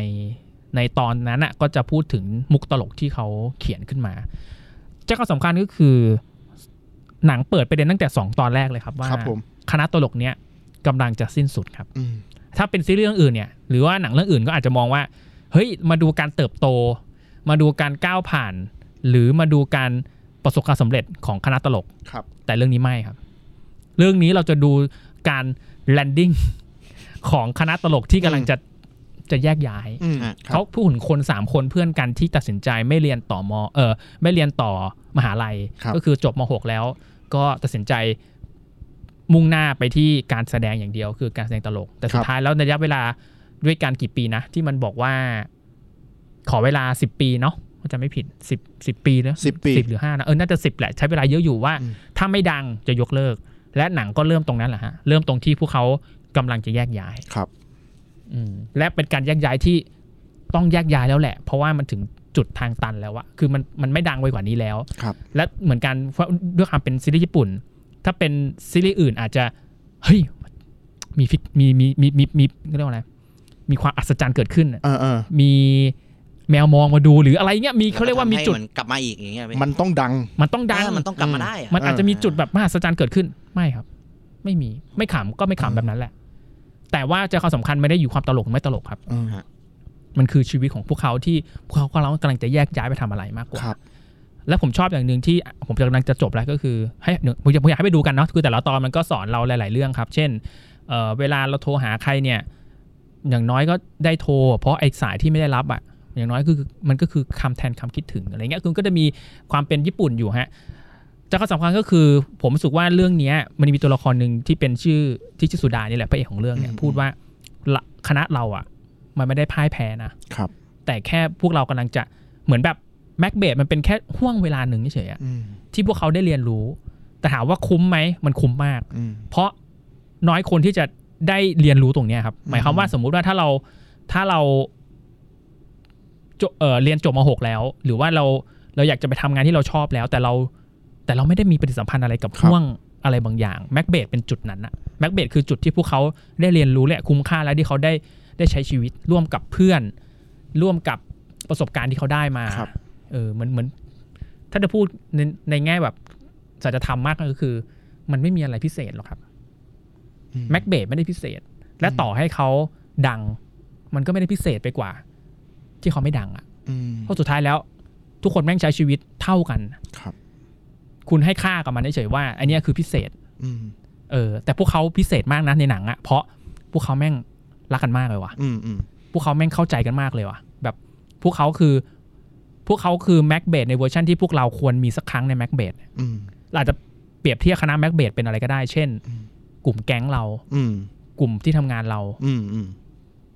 Speaker 2: ในตอนนั้นอ่ะก็จะพูดถึงมุกตลกที่เขาเขียนขึ้นมาใจความสำคัญก็คือ หนังเปิดประเด็นตั้งแต่สองตอนแรกเลยครับว่า
Speaker 3: ครับผม
Speaker 2: คณะตลกเนี้ยกำลังจะสิ้นสุดครับ
Speaker 3: อืม
Speaker 2: ถ้าเป็นซีรีส์เรื่องอื่นเนี่ยหรือว่าหนังเรื่องอื่นก็อาจจะมองว่า เฮ้ยมาดูการเติบโต มาดูการก้าวผ่าน หรือมาดูการประสบความสำเร็จของคณะตลก
Speaker 3: ครับ
Speaker 2: แต่เรื่องนี้ไม่ครับ เรื่องนี้เราจะดูการแลนดิ้ง ของคณะตลกที่กำลังจะจะแยกย้าย
Speaker 3: อืม
Speaker 4: อ่ะ
Speaker 3: ครั
Speaker 2: เขา
Speaker 3: บ
Speaker 2: ผู้หุ่นคนสามคนเพื่อนกันที่ตัดสินใจไม่เรียนต่อมเออไม่เรียนต่อมหาลัย
Speaker 3: ครับ
Speaker 2: ก็คือจบมหกแล้ว ก็ตัดสินใจมุ่งหน้าไปที่การแสดงอย่างเดียว คือการแสดงตลก แต่สุดท้ายแล้วในระยะเวลาด้วยการกี่ปีนะ ที่มันบอกว่า ขอเวลาสิบปีเนาะถ้าจะไม่ผิดสิบสิบปีนะ
Speaker 3: สิบปี
Speaker 2: สิบหรือห้านะเออน่าจะสิบแหละใช้เวลาเยอะอยู่ว่า
Speaker 3: อืม
Speaker 2: ถ้าไม่ดังจะยกเลิก และหนังก็เริ่มตรงนั้นแหละฮะเริ่มตรงที่พวกเขากำลังจะแยกย้าย
Speaker 3: ครับ
Speaker 2: และเป็นการแยกย้ายที่ต้องแยกย้ายแล้วแหละ เพราะว่ามันถึงจุดทางตันแล้วอะคือมันมันไม่ดังไปกว่านี้แล้ว
Speaker 3: ครับ
Speaker 2: และเหมือนกันเพราะด้วยความเป็นซีรีส์ญี่ปุ่น ถ้าเป็นซีรีส์อื่นอาจจะเฮ้ยมีฟิกมีมีมีมีมีเรียกว่าอะไรมีความอัศจรรย์เกิดขึ้นอะ
Speaker 3: เออเออ
Speaker 2: มีแมวมองมาดูหรืออะไรเงี้ยมีเขาเรียกว่ามี
Speaker 4: แล้ทำให้
Speaker 2: จุด
Speaker 4: นกลับมาอีกอย่างเงี้ย
Speaker 3: มันต้องดัง
Speaker 2: มันต้องดัง
Speaker 4: เออมันต้องกลับมาได้อะ
Speaker 2: มันอาจจะมี
Speaker 4: เออ
Speaker 2: จุดแบบมหัศจรรย์เกิดขึ้นไม่ครับ ไม่มีไม่ขำก็ไม่ขำแบบนั้นแหละ แต่ว่าจะความสำคัญไม่ได้อยู่ความตลกหรือไม่ตลกครับ
Speaker 3: อืม
Speaker 2: มันคือชีวิตของพวกเขาที่พวกเขากำลังกำลังจะแยกย้ายไปทำอะไรมากกว่า
Speaker 3: ครับ
Speaker 2: และผมชอบอย่างหนึ่งที่ผมกำลังจะจบแล้วก็คือให้ผมอยากผมอยากให้ไปดูกันเนาะคือแต่ละตอนมันก็สอนเราหลาย ๆ เรื่องครับ เช่นเอ่อเวลาเราโทรหาใครเนี่ย อย่างน้อยก็ได้โทร เพราะไอ้สายที่ไม่ได้รับอะอย่างน้อยคือมันก็คือคำแทนคำคิดถึงอะไรเงี้ยคือก็จะมีความเป็นญี่ปุ่นอยู่ฮะจะข้อสำคัญก็คือ ผมรู้สึกว่าเรื่องเนี้ยมันมีตัวละครหนึ่งที่เป็นชื่อที่ชื่อสุดานี่แหละพระเอกของเรื่องเนี่ย
Speaker 3: อืม
Speaker 2: พูดว่าละคณะเราอะมันไม่ได้พ่ายแพ้นะ
Speaker 3: ครับ
Speaker 2: แต่แค่พวกเรากำลังจะเหมือนแบบแม็กเบดมันเป็นแค่ห่วงเวลาหนึ่งเฉยๆอะ
Speaker 3: อืม
Speaker 2: ที่พวกเขาได้เรียนรู้ แต่ถามว่าคุ้มไหมมันคุ้มมาก
Speaker 3: อืม
Speaker 2: เพราะน้อยคนที่จะได้เรียนรู้ตรงเนี้ยครับ
Speaker 3: อืม
Speaker 2: หมายความว่าสมมุติว่าถ้าเราถ้าเราจบเอ่อเรียนจบมาหกแล้ว หรือว่าเราเราอยากจะไปทำงานที่เราชอบแล้ว แต่เราแต่เราไม่ได้มีปฏิสัมพันธ์อะไรกับห่วงอะไรบางอย่างแม็กเบดเป็นจุดนั้นอะแม็กเบดคือจุดที่พวกเขาได้เรียนรู้และคุ้มค่าและที่เขาได้ได้ใช้ชีวิตร่วมกับเพื่อน ร่วมกับประสบการณ์ที่เขาได้มา
Speaker 3: ครับ
Speaker 2: เออเหมือนเหมือน ถ้าจะพูดในในแง่แบบสัจธรรมมากก็คือ มันไม่มีอะไรพิเศษหรอกครับ
Speaker 3: อืม
Speaker 2: แม็กเบดไม่ได้พิเศษ และต่อให้เขาดัง มันก็ไม่ได้พิเศษไปกว่า ที่เขาไม่ดังอะ่ะ
Speaker 3: อืม
Speaker 2: เพราะสุดท้ายแล้ว ทุกคนแม่งใช้ชีวิตเท่ากัน
Speaker 3: ครับ
Speaker 2: คุณให้ค่ากับมันเฉยๆว่าอันเนี้ยคือพิเศษ
Speaker 3: อืม
Speaker 2: เออ แต่พวกเขาพิเศษมากนะในหนังอะ่ะเพราะพวกเขาแม่งรักกันมากเลยว่ะ
Speaker 3: อืมอืม
Speaker 2: พวกเขาแม่งเข้าใจกันมากเลยว่ะแบบพวกเขาคือ พวกเขาคือแม็กเบดในเวอร์ชันที่พวกเราควรมีสักครั้งในแม็กเบด
Speaker 3: อืม
Speaker 2: เราอาจจะเปรียบเทียบคณะแม็กเบดเป็นอะไรก็ได้ เช่น
Speaker 3: อืม
Speaker 2: กลุ่มแก๊งเรา
Speaker 3: อืม
Speaker 2: กลุ่มที่ทำงานเรา
Speaker 3: อืมอืม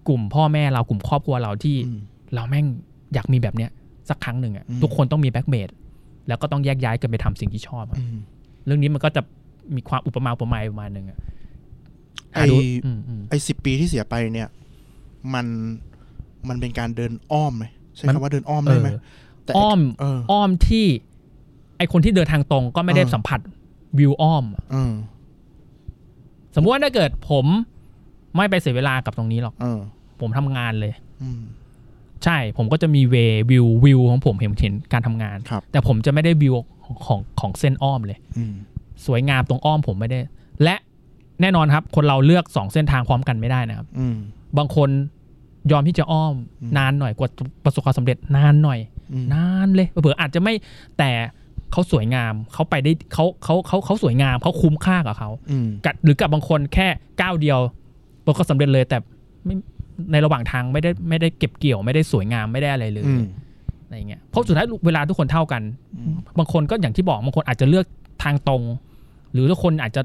Speaker 2: กลุ่มพ่อแม่เรา กลุ่มครอบครัวเราที่
Speaker 3: อืม
Speaker 2: เราแม่งอยากมีแบบเนี้ยสักครั้งหนึ่งอะ
Speaker 3: อืม
Speaker 2: ทุกคนต้องมีแบ็กเบดแล้วก็ต้องแยกย้ายกันไปทำสิ่งที่ชอบอะ
Speaker 3: อืม
Speaker 2: เรื่องนี้มันก็จะมีความอุปมาอุปไมยประมาณหนึ่งอะ
Speaker 3: ไอ
Speaker 2: หาดูอืมอืม
Speaker 3: ไอสิบปีที่เสียไปเนี่ย มันมันเป็นการเดินอ้อมไหมใช้
Speaker 2: มัน
Speaker 3: คำว่าเดินอ้อมได้ไหม
Speaker 2: เออ
Speaker 3: แต่
Speaker 2: อ้อม
Speaker 3: เออ
Speaker 2: อ้อมที่ไอคนที่เดินทางตรงก็ไม่ได้
Speaker 3: เออ
Speaker 2: สัมผัสวิวอ้อม
Speaker 3: เออ
Speaker 2: สมมุติว่าถ้าเกิดผมไม่ไปเสียเวลากับตรงนี้หรอก
Speaker 3: เออ
Speaker 2: ผมทำงานเลย
Speaker 3: อืม
Speaker 2: ใช่ผมก็จะมีเววิววิวของผมเห็นเห็นการทำงาน
Speaker 3: ครับ
Speaker 2: แต่ผมจะไม่ได้วิวของของของเส้นอ้อมเลย
Speaker 3: อืม
Speaker 2: สวยงามตรงอ้อมผมไม่ได้ และแน่นอนครับ คนเราเลือกสองเส้นทางพร้อมกันไม่ได้นะครับ
Speaker 3: อืม
Speaker 2: บางคนยอมที่จะอ้อม
Speaker 3: อืม
Speaker 2: นานหน่อยกว่าจะประสบความสำเร็จนานหน่อย
Speaker 3: อืม
Speaker 2: นานเลยเผื่อๆอาจจะไม่แต่เขาสวยงามเขาไปได้เขาเขาเขาเขาสวยงามเขาคุ้มค่ากับเขา
Speaker 3: อืม
Speaker 2: กับหรือกับบางคนแค่ก้าวเดียวประสบความสำเร็จเลยแต่ไม่ในระหว่างทางไม่ได้ไม่ได้เก็บเกี่ยวไม่ได้สวยงามไม่ได้อะไรเลย
Speaker 3: อืม
Speaker 2: อะไรอย่างเงี้ยเพราะสุดท้ายเวลาทุกคนเท่ากัน บางคนก็อย่างที่บอกบางคนอาจจะเลือกทางตรง หรือบางคนอาจจะ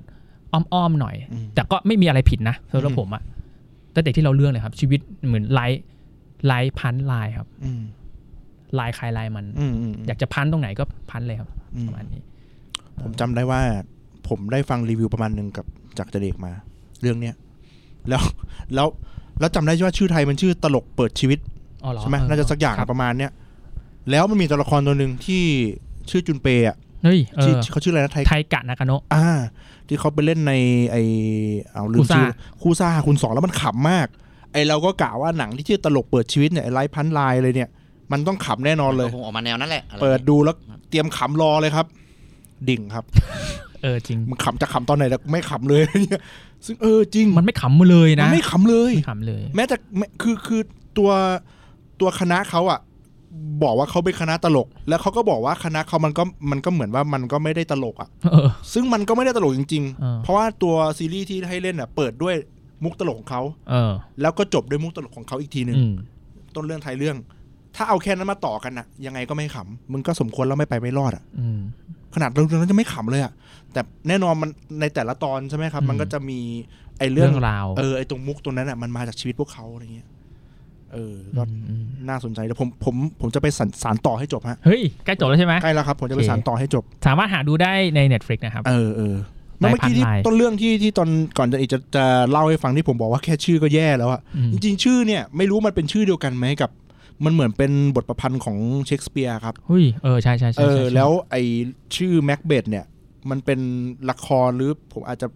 Speaker 2: อ้อมๆหน่อย
Speaker 3: อืม
Speaker 2: แต่ก็ไม่มีอะไรผิดนะสำหรับผมอะตั้งแต่ที่เราเลือกเลยครับ ชีวิตเหมือนไลฟ์ไลฟ์พันธุ์ไลายครับ
Speaker 3: อืม
Speaker 2: ไลายใครไลายมัน
Speaker 3: อืมม
Speaker 2: อยากจะพันธุ์ตรงไหนก็พันธุ์เลยครับ
Speaker 3: อื
Speaker 2: ป
Speaker 3: ม
Speaker 2: ระมาณนี้
Speaker 3: ผมจำได้ว่า ผมได้ฟังรีวิวประมาณหนึ่งกับจากเจเด็กมา เรื่องเนี้ยแล้วแล้วแล้วจำได้ว่าชื่อไทยมันชื่อตลกเปิดชีวิต
Speaker 2: อ๋อเหรอ
Speaker 3: ใช่ไหม
Speaker 2: เ
Speaker 3: น่าจะสักอย่าง
Speaker 2: ครับ
Speaker 3: ประมาณเนี้ยแล้วมันมีตัวละครตัวหนึ่งที่ชื่อจุนเปย์อ่ะ
Speaker 2: เฮ้ยเอ
Speaker 3: ที่
Speaker 2: อ
Speaker 3: เขาชื่ออะไรนะไทย
Speaker 2: ไทกะนากาโนะ
Speaker 3: อ่า ที่เขาไปเล่นในไอเอาลืม
Speaker 2: คูซ่า
Speaker 3: ชื่อคู่ซ่าคุณสองแล้วมันขำมาก ไอเราก็กล่าวว่าหนังที่ชื่อตลกเปิดชีวิตเนี่ยไลฟ์พันลายเลยเนี่ย มันต้องขำแน่นอนเลย
Speaker 4: ก็คงออกมาแนวนั้นแหละอะไร
Speaker 3: เปิดดูแล้วเตรียมขำรอเลยครับ ดิ่งครับ
Speaker 2: เออจริง
Speaker 3: มันขำจะขำตอนไหนแล้วไม่ขำเลย เนี่ยซึ่งเออจริง
Speaker 2: มันไม่ขำมาเลย
Speaker 3: มั
Speaker 2: นะ
Speaker 3: นไม่ขำเลย
Speaker 2: ไม่ขำเลย
Speaker 3: แม้แต่แม้คือคือตัวตัวคณะเขาอะบอกว่าเขาเป็นคณะตลก แล้วเขาก็บอกว่าคณะเขามันก็มันก็เหมือนว่ามันก็ไม่ได้ตลกอะ
Speaker 2: เออ
Speaker 3: ซึ่งมันก็ไม่ได้ตลกจริง
Speaker 2: เออ
Speaker 3: ๆ เพราะว่าตัวซีรีส์ที่ให้เล่นอะเปิดด้วยมุกตลกของเขา
Speaker 2: เออ
Speaker 3: แล้วก็จบด้วยมุกตลกของเขาอีกทีหนึ่ง
Speaker 2: อืม
Speaker 3: ต้นเรื่องท้ายเรื่อง ถ้าเอาแค่นั้นมาต่อกันอะยังไงก็ไม่ขำมึงก็สมควรแล้วไม่ไปไม่รอดอะ
Speaker 2: อืม
Speaker 3: ขนาดเรื่องนั้นจะไม่ขำเลยอะแต่แน่นอนมันในแต่ละตอนใช่ไหมครับ
Speaker 2: อืม
Speaker 3: มันก็จะมีไอ้เรื่
Speaker 2: เรื่
Speaker 3: อ
Speaker 2: อง งราว
Speaker 3: เออไอ้ตรงมุกตัวนั้นอะมันมาจากชีวิตพวกเขาอะไรเงี้ยเออก็
Speaker 2: มอืม
Speaker 3: น่าสนใจเดี๋ยวผมผมผมจะไปสานสานต่อให้จบฮะ
Speaker 2: เฮ้ย ใกล้จบแล้วใช่ไหม
Speaker 3: ใกล้แล้วครับ ผมจะไป
Speaker 2: โอเค
Speaker 3: สานต่อให้จบ
Speaker 2: สามารถหาดูได้ใน Netflix นะครับ
Speaker 3: เออเออเมื่อกี้ที่
Speaker 2: หลายพันลาย
Speaker 3: ต้นเรื่องที่ที่ตอนก่อนจะอีกจะจะเล่าให้ฟังที่ผมบอกว่าแค่ชื่อก็แย่แล้วอะ
Speaker 2: อืม
Speaker 3: จริงๆ ชื่อเนี่ยไม่รู้มันเป็นชื่อเดียวกันไหมกับ มันเหมือนเป็นบทประพันธ์ของเชคสเปียร์ครับ
Speaker 2: เฮ้ยเออใช่ใช่ใช่
Speaker 3: เอ
Speaker 2: ใช่
Speaker 3: อ
Speaker 2: ใช่
Speaker 3: แล้วไอชื่อแม็กเบดเนี่ย มันเป็นละครหรือผมอาจจะ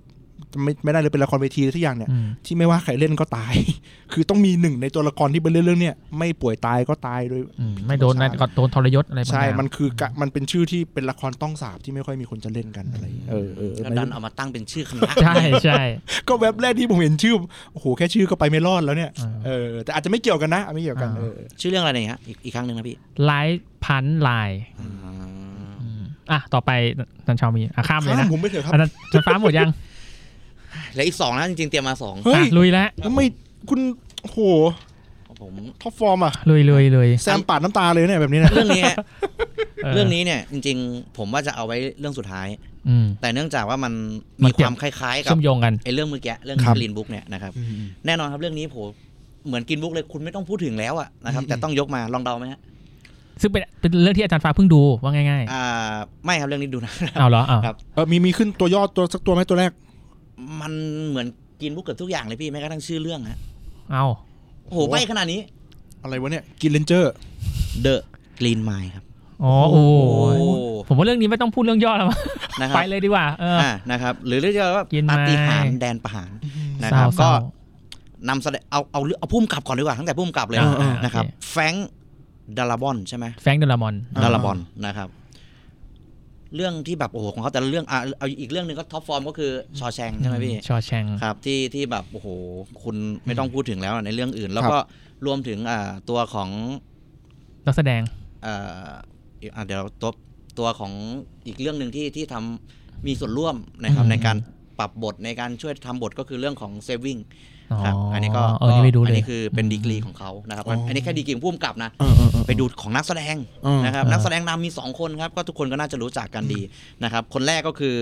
Speaker 3: ไม่ไม่ได้เลยเป็นละครเวทีหรือทุกอย่างเนี่ย
Speaker 2: อืม
Speaker 3: ที่ไม่ว่าใครเล่นก็ตาย คือต้องมีหนึ่งในตัวละครที่เป็นเรื่องเนี้ยไม่ป่วยตายก็ตายโดย
Speaker 2: อืมไม่โดนนะก็โดนทรยศอะไรบาง
Speaker 3: ใช่
Speaker 2: อย่าง
Speaker 3: มันคือกะมันเป็นชื่อที่เป็นละครต้องสาบที่ไม่ค่อยมีคนจะเล่นกันอะไร เออเออเออ
Speaker 4: แล้วดันเอามาตั้งเป็นชื่อคณะ
Speaker 2: ใช่ใช่
Speaker 3: ก็เว็บแรกที่ผมเห็นชื่อ โอ้โห แค่ชื่อก็ไปไม่รอดแล้วเนี่ย
Speaker 2: อ่า
Speaker 3: เออ แต่อาจจะไม่เกี่ยวกันนะไม่เกี่ยวกัน
Speaker 2: อ่า
Speaker 3: เออ
Speaker 4: ชื่อเรื่องอะไรเนี่ยฮะอีกอีกครั้งหนึ่งนะพี่
Speaker 2: ไลฟ์พันลาย
Speaker 4: อ่า
Speaker 2: อ่ะ ต่อไปจันชาวมีอ่ะข้ามเลยนะ
Speaker 3: ข้ามผมไปเถอะครับ
Speaker 2: อันนั้นจันฟ้าหมดยัง
Speaker 4: และอีกสองนะจริงๆเตรียมมาสอง
Speaker 3: เฮ้
Speaker 2: อ่ะ
Speaker 3: ย
Speaker 2: ลุยแล้ว
Speaker 3: แล้วไม่คุณ โอ้โห
Speaker 4: ผม
Speaker 3: ท็อปฟอร์มอ่ะ
Speaker 2: ลุยลุยลุย
Speaker 3: แซมปาดน้ำตาเลยเนี่ยแบบนี้นะ
Speaker 4: เรื่องนี้ฮะเรื่อ
Speaker 2: เออ
Speaker 4: งนี้เนี่ยจริง ๆ ผมว่าจะเอาไว้เรื่องสุดท้าย
Speaker 2: อืม
Speaker 4: แต่เนื่องจากว่ามัน
Speaker 2: มั
Speaker 4: มี
Speaker 2: นเกี่ยว
Speaker 4: คาว มคล้ายๆกับ
Speaker 2: เชื่อมโยงกัน
Speaker 4: ไอ้เรื่องเมื่อกี้เรื่องลินบุ๊กเนี่ยนะครับ แน่นอนครับเรื่องนี้ผมเหมือนกินบุ๊กเลยคุณไม่ต้องพูดถึงแล้วอะนะครับแต่ต้องยกมาลองเดาไหมฮะ
Speaker 2: ซึ่งเป็นเป็นเรื่องที่อาจารย์ฟ้าเพิ่งดูว่าง่าย
Speaker 4: อ่าไม่ครับเรื่องนี้ดูนะ
Speaker 2: ๆเอาเหรอเอา
Speaker 4: ครับ
Speaker 3: เออมีมีขึ้นตัวย่อตัวสักตัวไหมตัวแรก
Speaker 4: มันเหมือนกินบุ๊กเกือบทุกอย่างเลยพี่แม้กระทั่งชื่อเรื่องฮะ
Speaker 2: เอา
Speaker 4: โอ้โห
Speaker 3: โอ้โห
Speaker 4: ใบขนาดนี้
Speaker 3: อะไรวะเนี่ยกินเลนเจอร์
Speaker 4: The Green Mile ครับ
Speaker 2: อ๋อโอ้
Speaker 4: โอ้
Speaker 2: ยผมว่าเรื่องนี้ไม่ต้องพูดเรื่องย่อแล้วมั้ง
Speaker 4: นะค
Speaker 2: ไป
Speaker 4: รับ
Speaker 2: เลยดีกว่าเออ
Speaker 4: อ่านะครับหรือเรียกว่า
Speaker 2: Green
Speaker 4: ปา
Speaker 2: Mile
Speaker 4: ฏิหารย์แดนประหารนะ
Speaker 2: เศ
Speaker 4: ค
Speaker 2: ร้า
Speaker 4: รับ
Speaker 2: เศร
Speaker 4: ก็
Speaker 2: ้าน
Speaker 4: ำแสดงเอาเอาเอาพุ่มกลับก่อนดีกว่าตั้งแต่พุ่มกลับเลย
Speaker 2: อ่าอ่า
Speaker 4: นะครับ
Speaker 2: โอเ
Speaker 4: แฟงดาร a บอนใช่ไหม
Speaker 2: แฟรงค์เดลามอน
Speaker 3: อ่า
Speaker 4: ดาราบอลนะครับ เรื่องที่แบบโอ้โหของเขาแต่ละเรื่องอ่ะเอาอีกเรื่องหนึ่งก็ท็อปฟอร์มก็คือชอแชงใช่ไหมพี่
Speaker 2: ชอแชง
Speaker 4: ครับ ที่ที่แบบโอ้โหคุณไม่ต้องพูดถึงแล้วในเรื่องอื่น แล้วก็รวมถึงอ่าตัวของ
Speaker 2: นักแสดง
Speaker 4: อ่าอ่ะเดี๋ยวเราตัวตัวของอีกเรื่องหนึ่งที่ที่ทำมีส่วนร่วมนะครับ
Speaker 2: อืม
Speaker 4: ในการปรับบทในการช่วยทำบทก็คือเรื่องของเซฟวิ่ง
Speaker 2: อ๋อ
Speaker 4: ครับ อันนี้ก็
Speaker 2: เออนี่ไม่ดูเลย
Speaker 4: อันนี้คือเป็นดีกรีของเขานะครับ
Speaker 3: อ๋ออั
Speaker 4: อันนี้แค่ดีกรีของผู้กำกับนะ
Speaker 3: เออเออเออ
Speaker 4: ไปดูของนักแสดง
Speaker 3: อืม
Speaker 4: นะครับ
Speaker 2: อ่านั
Speaker 4: นักแสดงนำมีสองคนครับ ก็ทุกคนก็น่าจะรู้จักกันดีนะครับ คนแรกก็คือ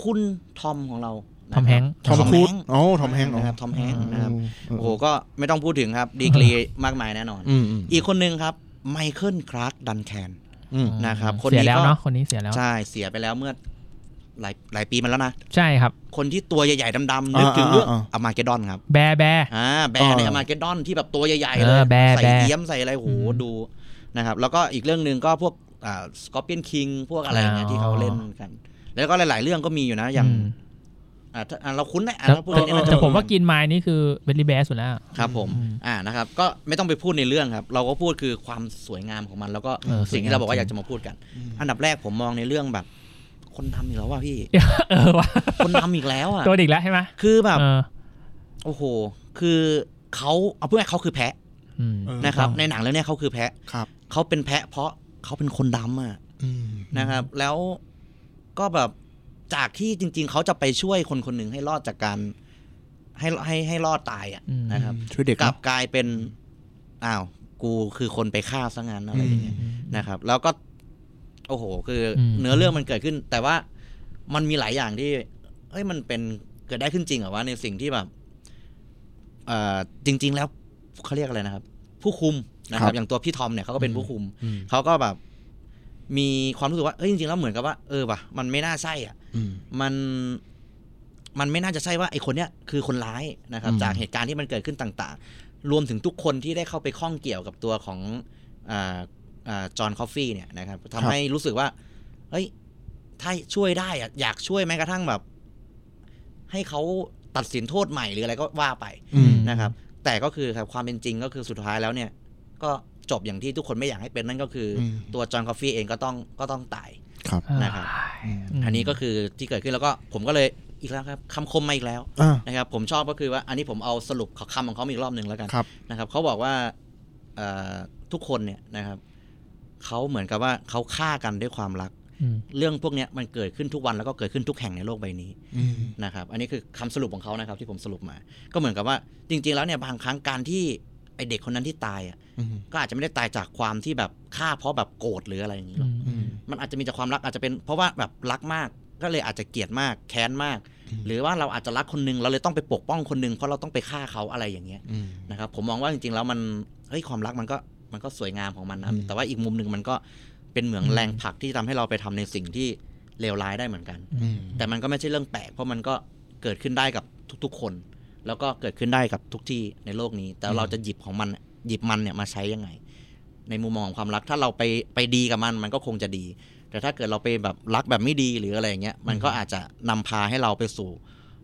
Speaker 4: คุณทอมของเรานะ
Speaker 2: ทอม
Speaker 4: ค
Speaker 2: แฮ
Speaker 4: รับ
Speaker 2: งค์
Speaker 3: ทอม
Speaker 4: ทอม
Speaker 3: ครูด
Speaker 4: แฮงค์
Speaker 3: อ๋อทอมแฮงค์อ๋อ
Speaker 4: นะครับทอมแฮงค์นะครับ
Speaker 3: โอ้
Speaker 4: โอ้
Speaker 3: โห
Speaker 4: โหก็ไม่ต้องพูดถึงครับ ดีกรีมากมายแน่นอน
Speaker 3: อืมอืม
Speaker 4: อีกคนหนึ่งครับไมเคิลคลาร์กดันแคน
Speaker 3: อืม
Speaker 4: นะครับคนนี้
Speaker 2: เสียแล้ว
Speaker 4: ก็
Speaker 2: เนาะคนนี้เสียแล้ว
Speaker 4: ใช่เสียไปแล้วเมื่อหลายหลายปีมาแล้วนะ
Speaker 2: ใช่ครับ
Speaker 4: คนที่ตัวใหญ่ๆดำๆนึกถึง
Speaker 3: อ่า
Speaker 4: เรื่อง
Speaker 3: อ่า
Speaker 4: อมาเกดอนครับ
Speaker 2: แบร์แบร์
Speaker 4: อ่าแบ
Speaker 3: อ่า
Speaker 4: ร์ในอมาเกดอนที่แบบตัวใหญ่ๆ
Speaker 2: เออ
Speaker 4: เลย
Speaker 2: แบร์
Speaker 4: ใส่
Speaker 2: แบร์
Speaker 4: เยี้ยมใส่อะไรโห
Speaker 2: อืม
Speaker 4: ดูนะครับ แล้วก็อีกเรื่องหนึ่งก็พวกอ่าสกอร์เปียนคิงพวกอะไรอย่างเงี้ย
Speaker 2: อ๋อ
Speaker 4: ที่เขาเล่นกัน แล้วก็หลาย ๆ เรื่องก็มีอยู่นะอย่าง อ่าถ้าอ่าเราคุ้นนะอ่า
Speaker 2: แต่
Speaker 4: เราพูดอันนี้น่าจะ
Speaker 2: แต่ผมว่ากินไม้นี่คือเบลลี่แบสสุดแล้ว
Speaker 4: ครับผม
Speaker 2: อืม
Speaker 4: อ่านะครับก็ไม่ต้องไปพูดในเรื่องครับ เราก็พูดคือความสวยงามของมัน แล้วก็
Speaker 2: เออ
Speaker 4: สิ่งที่เราบอก
Speaker 2: ส
Speaker 4: ว่า
Speaker 2: วยงาม
Speaker 4: อยากจะมาพูดกัน อันดับแรกผมมองในเรื่องแบบ คนทำอีกแล้วว่าพี่
Speaker 2: เออว่ะ
Speaker 4: คนทำอีกแล้วอ่ะ
Speaker 2: ตัวอีกแล้วใช่ไหม
Speaker 4: คือแบบ
Speaker 2: เออ
Speaker 4: โอ้โห คือเขาเอาเพื่อเขาคือแพะ
Speaker 2: อืม
Speaker 6: เออ
Speaker 4: นะครับ ในหนังเรื่องเนี้ยเขาคือแพะ
Speaker 6: ครับ
Speaker 4: เขาเป็นแพะ เพราะเขาเป็นคนดำอ่ะ
Speaker 6: อืม
Speaker 4: นะครับแล้วก็แบบจากที่จริง ๆ เขาจะไปช่วยคนคนหนึ่งให้รอดจากการให้ให้ให้รอดตายอะ
Speaker 2: อืม
Speaker 4: นะครับ
Speaker 6: ช่วยเด็ก
Speaker 4: กลั
Speaker 6: เนาะ
Speaker 4: บกลายเป็นอ้าวกูคือคนไปฆ่าซะงั้นอะไรอย่างเงี้ย
Speaker 2: อืม
Speaker 4: นะครับ แล้วก็ โอ้โห คืออ
Speaker 2: ม
Speaker 4: เนื้อเรื่องมันเกิดขึ้น แต่ว่ามันมีหลายอย่างที่เอ้ยมันเป็นเกิดได้ขึ้นจริงเหรอวะในสิ่งที่แบบเอ่อจริง ๆ แล้วเขาเรียกอะไรนะครับ ผู้คุมนะค
Speaker 6: ครั
Speaker 4: รับ
Speaker 6: บ
Speaker 4: อย่างตัวพี่ทอมเนี่ยเขาก็เป็นผู้คุม
Speaker 6: อืม
Speaker 4: เขาก็แบบมีความรู้สึกว่า เอ้ยจริงๆแล้วเหมือนกับว่า เออว่ะมันไม่น่าใช่อ่ะ
Speaker 6: อืม
Speaker 4: มันมันไม่น่าจะใช่ว่าไอ้คนเนี้ยคือคนร้ายนะครับ
Speaker 2: อืม
Speaker 4: จากเหตุการณ์ที่มันเกิดขึ้นต่าง ๆ รวมถึงทุกคนที่ได้เข้าไปข้องเกี่ยวกับตัวของจอห์นคอฟฟี่า John Coffey เนี่ยนะครับทำให้รู้สึกว่า เอ้ย ถ้าช่วยได้อะอยากช่วยแม้กระทั่งแบบ ให้เขาตัดสินโทษใหม่หรืออะไรก็ว่าไป
Speaker 6: อืม
Speaker 4: นะครับ แต่ก็คือครับความเป็นจริงก็คือสุดท้ายแล้วเนี่ย ก็จบอย่างที่ทุกคนไม่อยากให้เป็นนั่นก็คืออ
Speaker 6: ม
Speaker 4: ตัวจอห์นคอฟฟี่เองก็ต้องก็ต้องตาย
Speaker 6: ครับ
Speaker 4: นะครับ
Speaker 2: ม
Speaker 4: อันนี้ก็คือที่เกิดขึ้นแล้วก็ผมก็เลยอีกแล้วครับคำคมมาอีกแล้ว
Speaker 6: อ่า
Speaker 4: นะครับ ผมชอบก็คือว่าอันนี้ผมเอาสรุปของคำของเขามาอีกรอบหนึ่งแล้วกัน
Speaker 6: ครับ
Speaker 4: นะครับเขาบอกว่าเอ่อทุกคนเนี่ยนะครับเขาเหมือนกับว่าเขาฆ่ากันด้วยความรัก
Speaker 2: อืม
Speaker 4: เรื่องพวกเนี้ยมันเกิดขึ้นทุกวันแล้วก็เกิดขึ้นทุกแห่งในโลกใบนี้
Speaker 6: อืม
Speaker 4: นะครับ อันนี้คือคำสรุปของเขานะครับที่ผมสรุปมา ก็เหมือนกับว่าจริง ๆ แล้วเนี่ยบางครั้งการที่ไอเด็กคนนั้นที่ตายอ่ะ
Speaker 6: อืม
Speaker 4: ก็อาจจะไม่ได้ตายจากความที่แบบฆ่าเพราะแบบโกรธหรืออะไรอย่างนี้หรอก
Speaker 6: อืม
Speaker 4: มันอาจจะมีจากความรักอาจจะเป็นเพราะว่าแบบรักมากก็เลยอาจจะเกลียดมากแค้นมาก
Speaker 6: อืม
Speaker 4: หรือว่าเราอาจจะรักคนหนึงเราเลยต้องไปปกป้องคนหนึงเพราะเราต้องไปฆ่าเขาอะไรอย่างเงี้ย
Speaker 6: อืม
Speaker 4: นะครับผมมองว่าจริงๆแล้วมันเฮ้ยความรักมันก็มันก็สวยงามของมันนะ
Speaker 6: อืม
Speaker 4: แต่ว่าอีกมุมหนึ่งมันก็เป็นเหมืองแรงผลักที่ทำให้เราไปทำในสิ่งที่เลวร้ายได้เหมือนกัน
Speaker 6: อืม
Speaker 4: แต่มันก็ไม่ใช่เรื่องแปลกเพราะมันก็เกิดขึ้นได้กับทุกๆคน แล้วก็เกิดขึ้นได้กับทุกที่ในโลกนี้ แต่เราจะหยิบของมันหยิบมันเนี่ยมาใช้ยังไง ในมุมมองของความรักถ้าเราไปไปดีกับมันมันก็คงจะดี แต่ถ้าเกิดเราไปแบบรักแบบไม่ดีหรืออะไรอย่างเงี้ยมันก็อาจจะนำพาให้เราไปสู่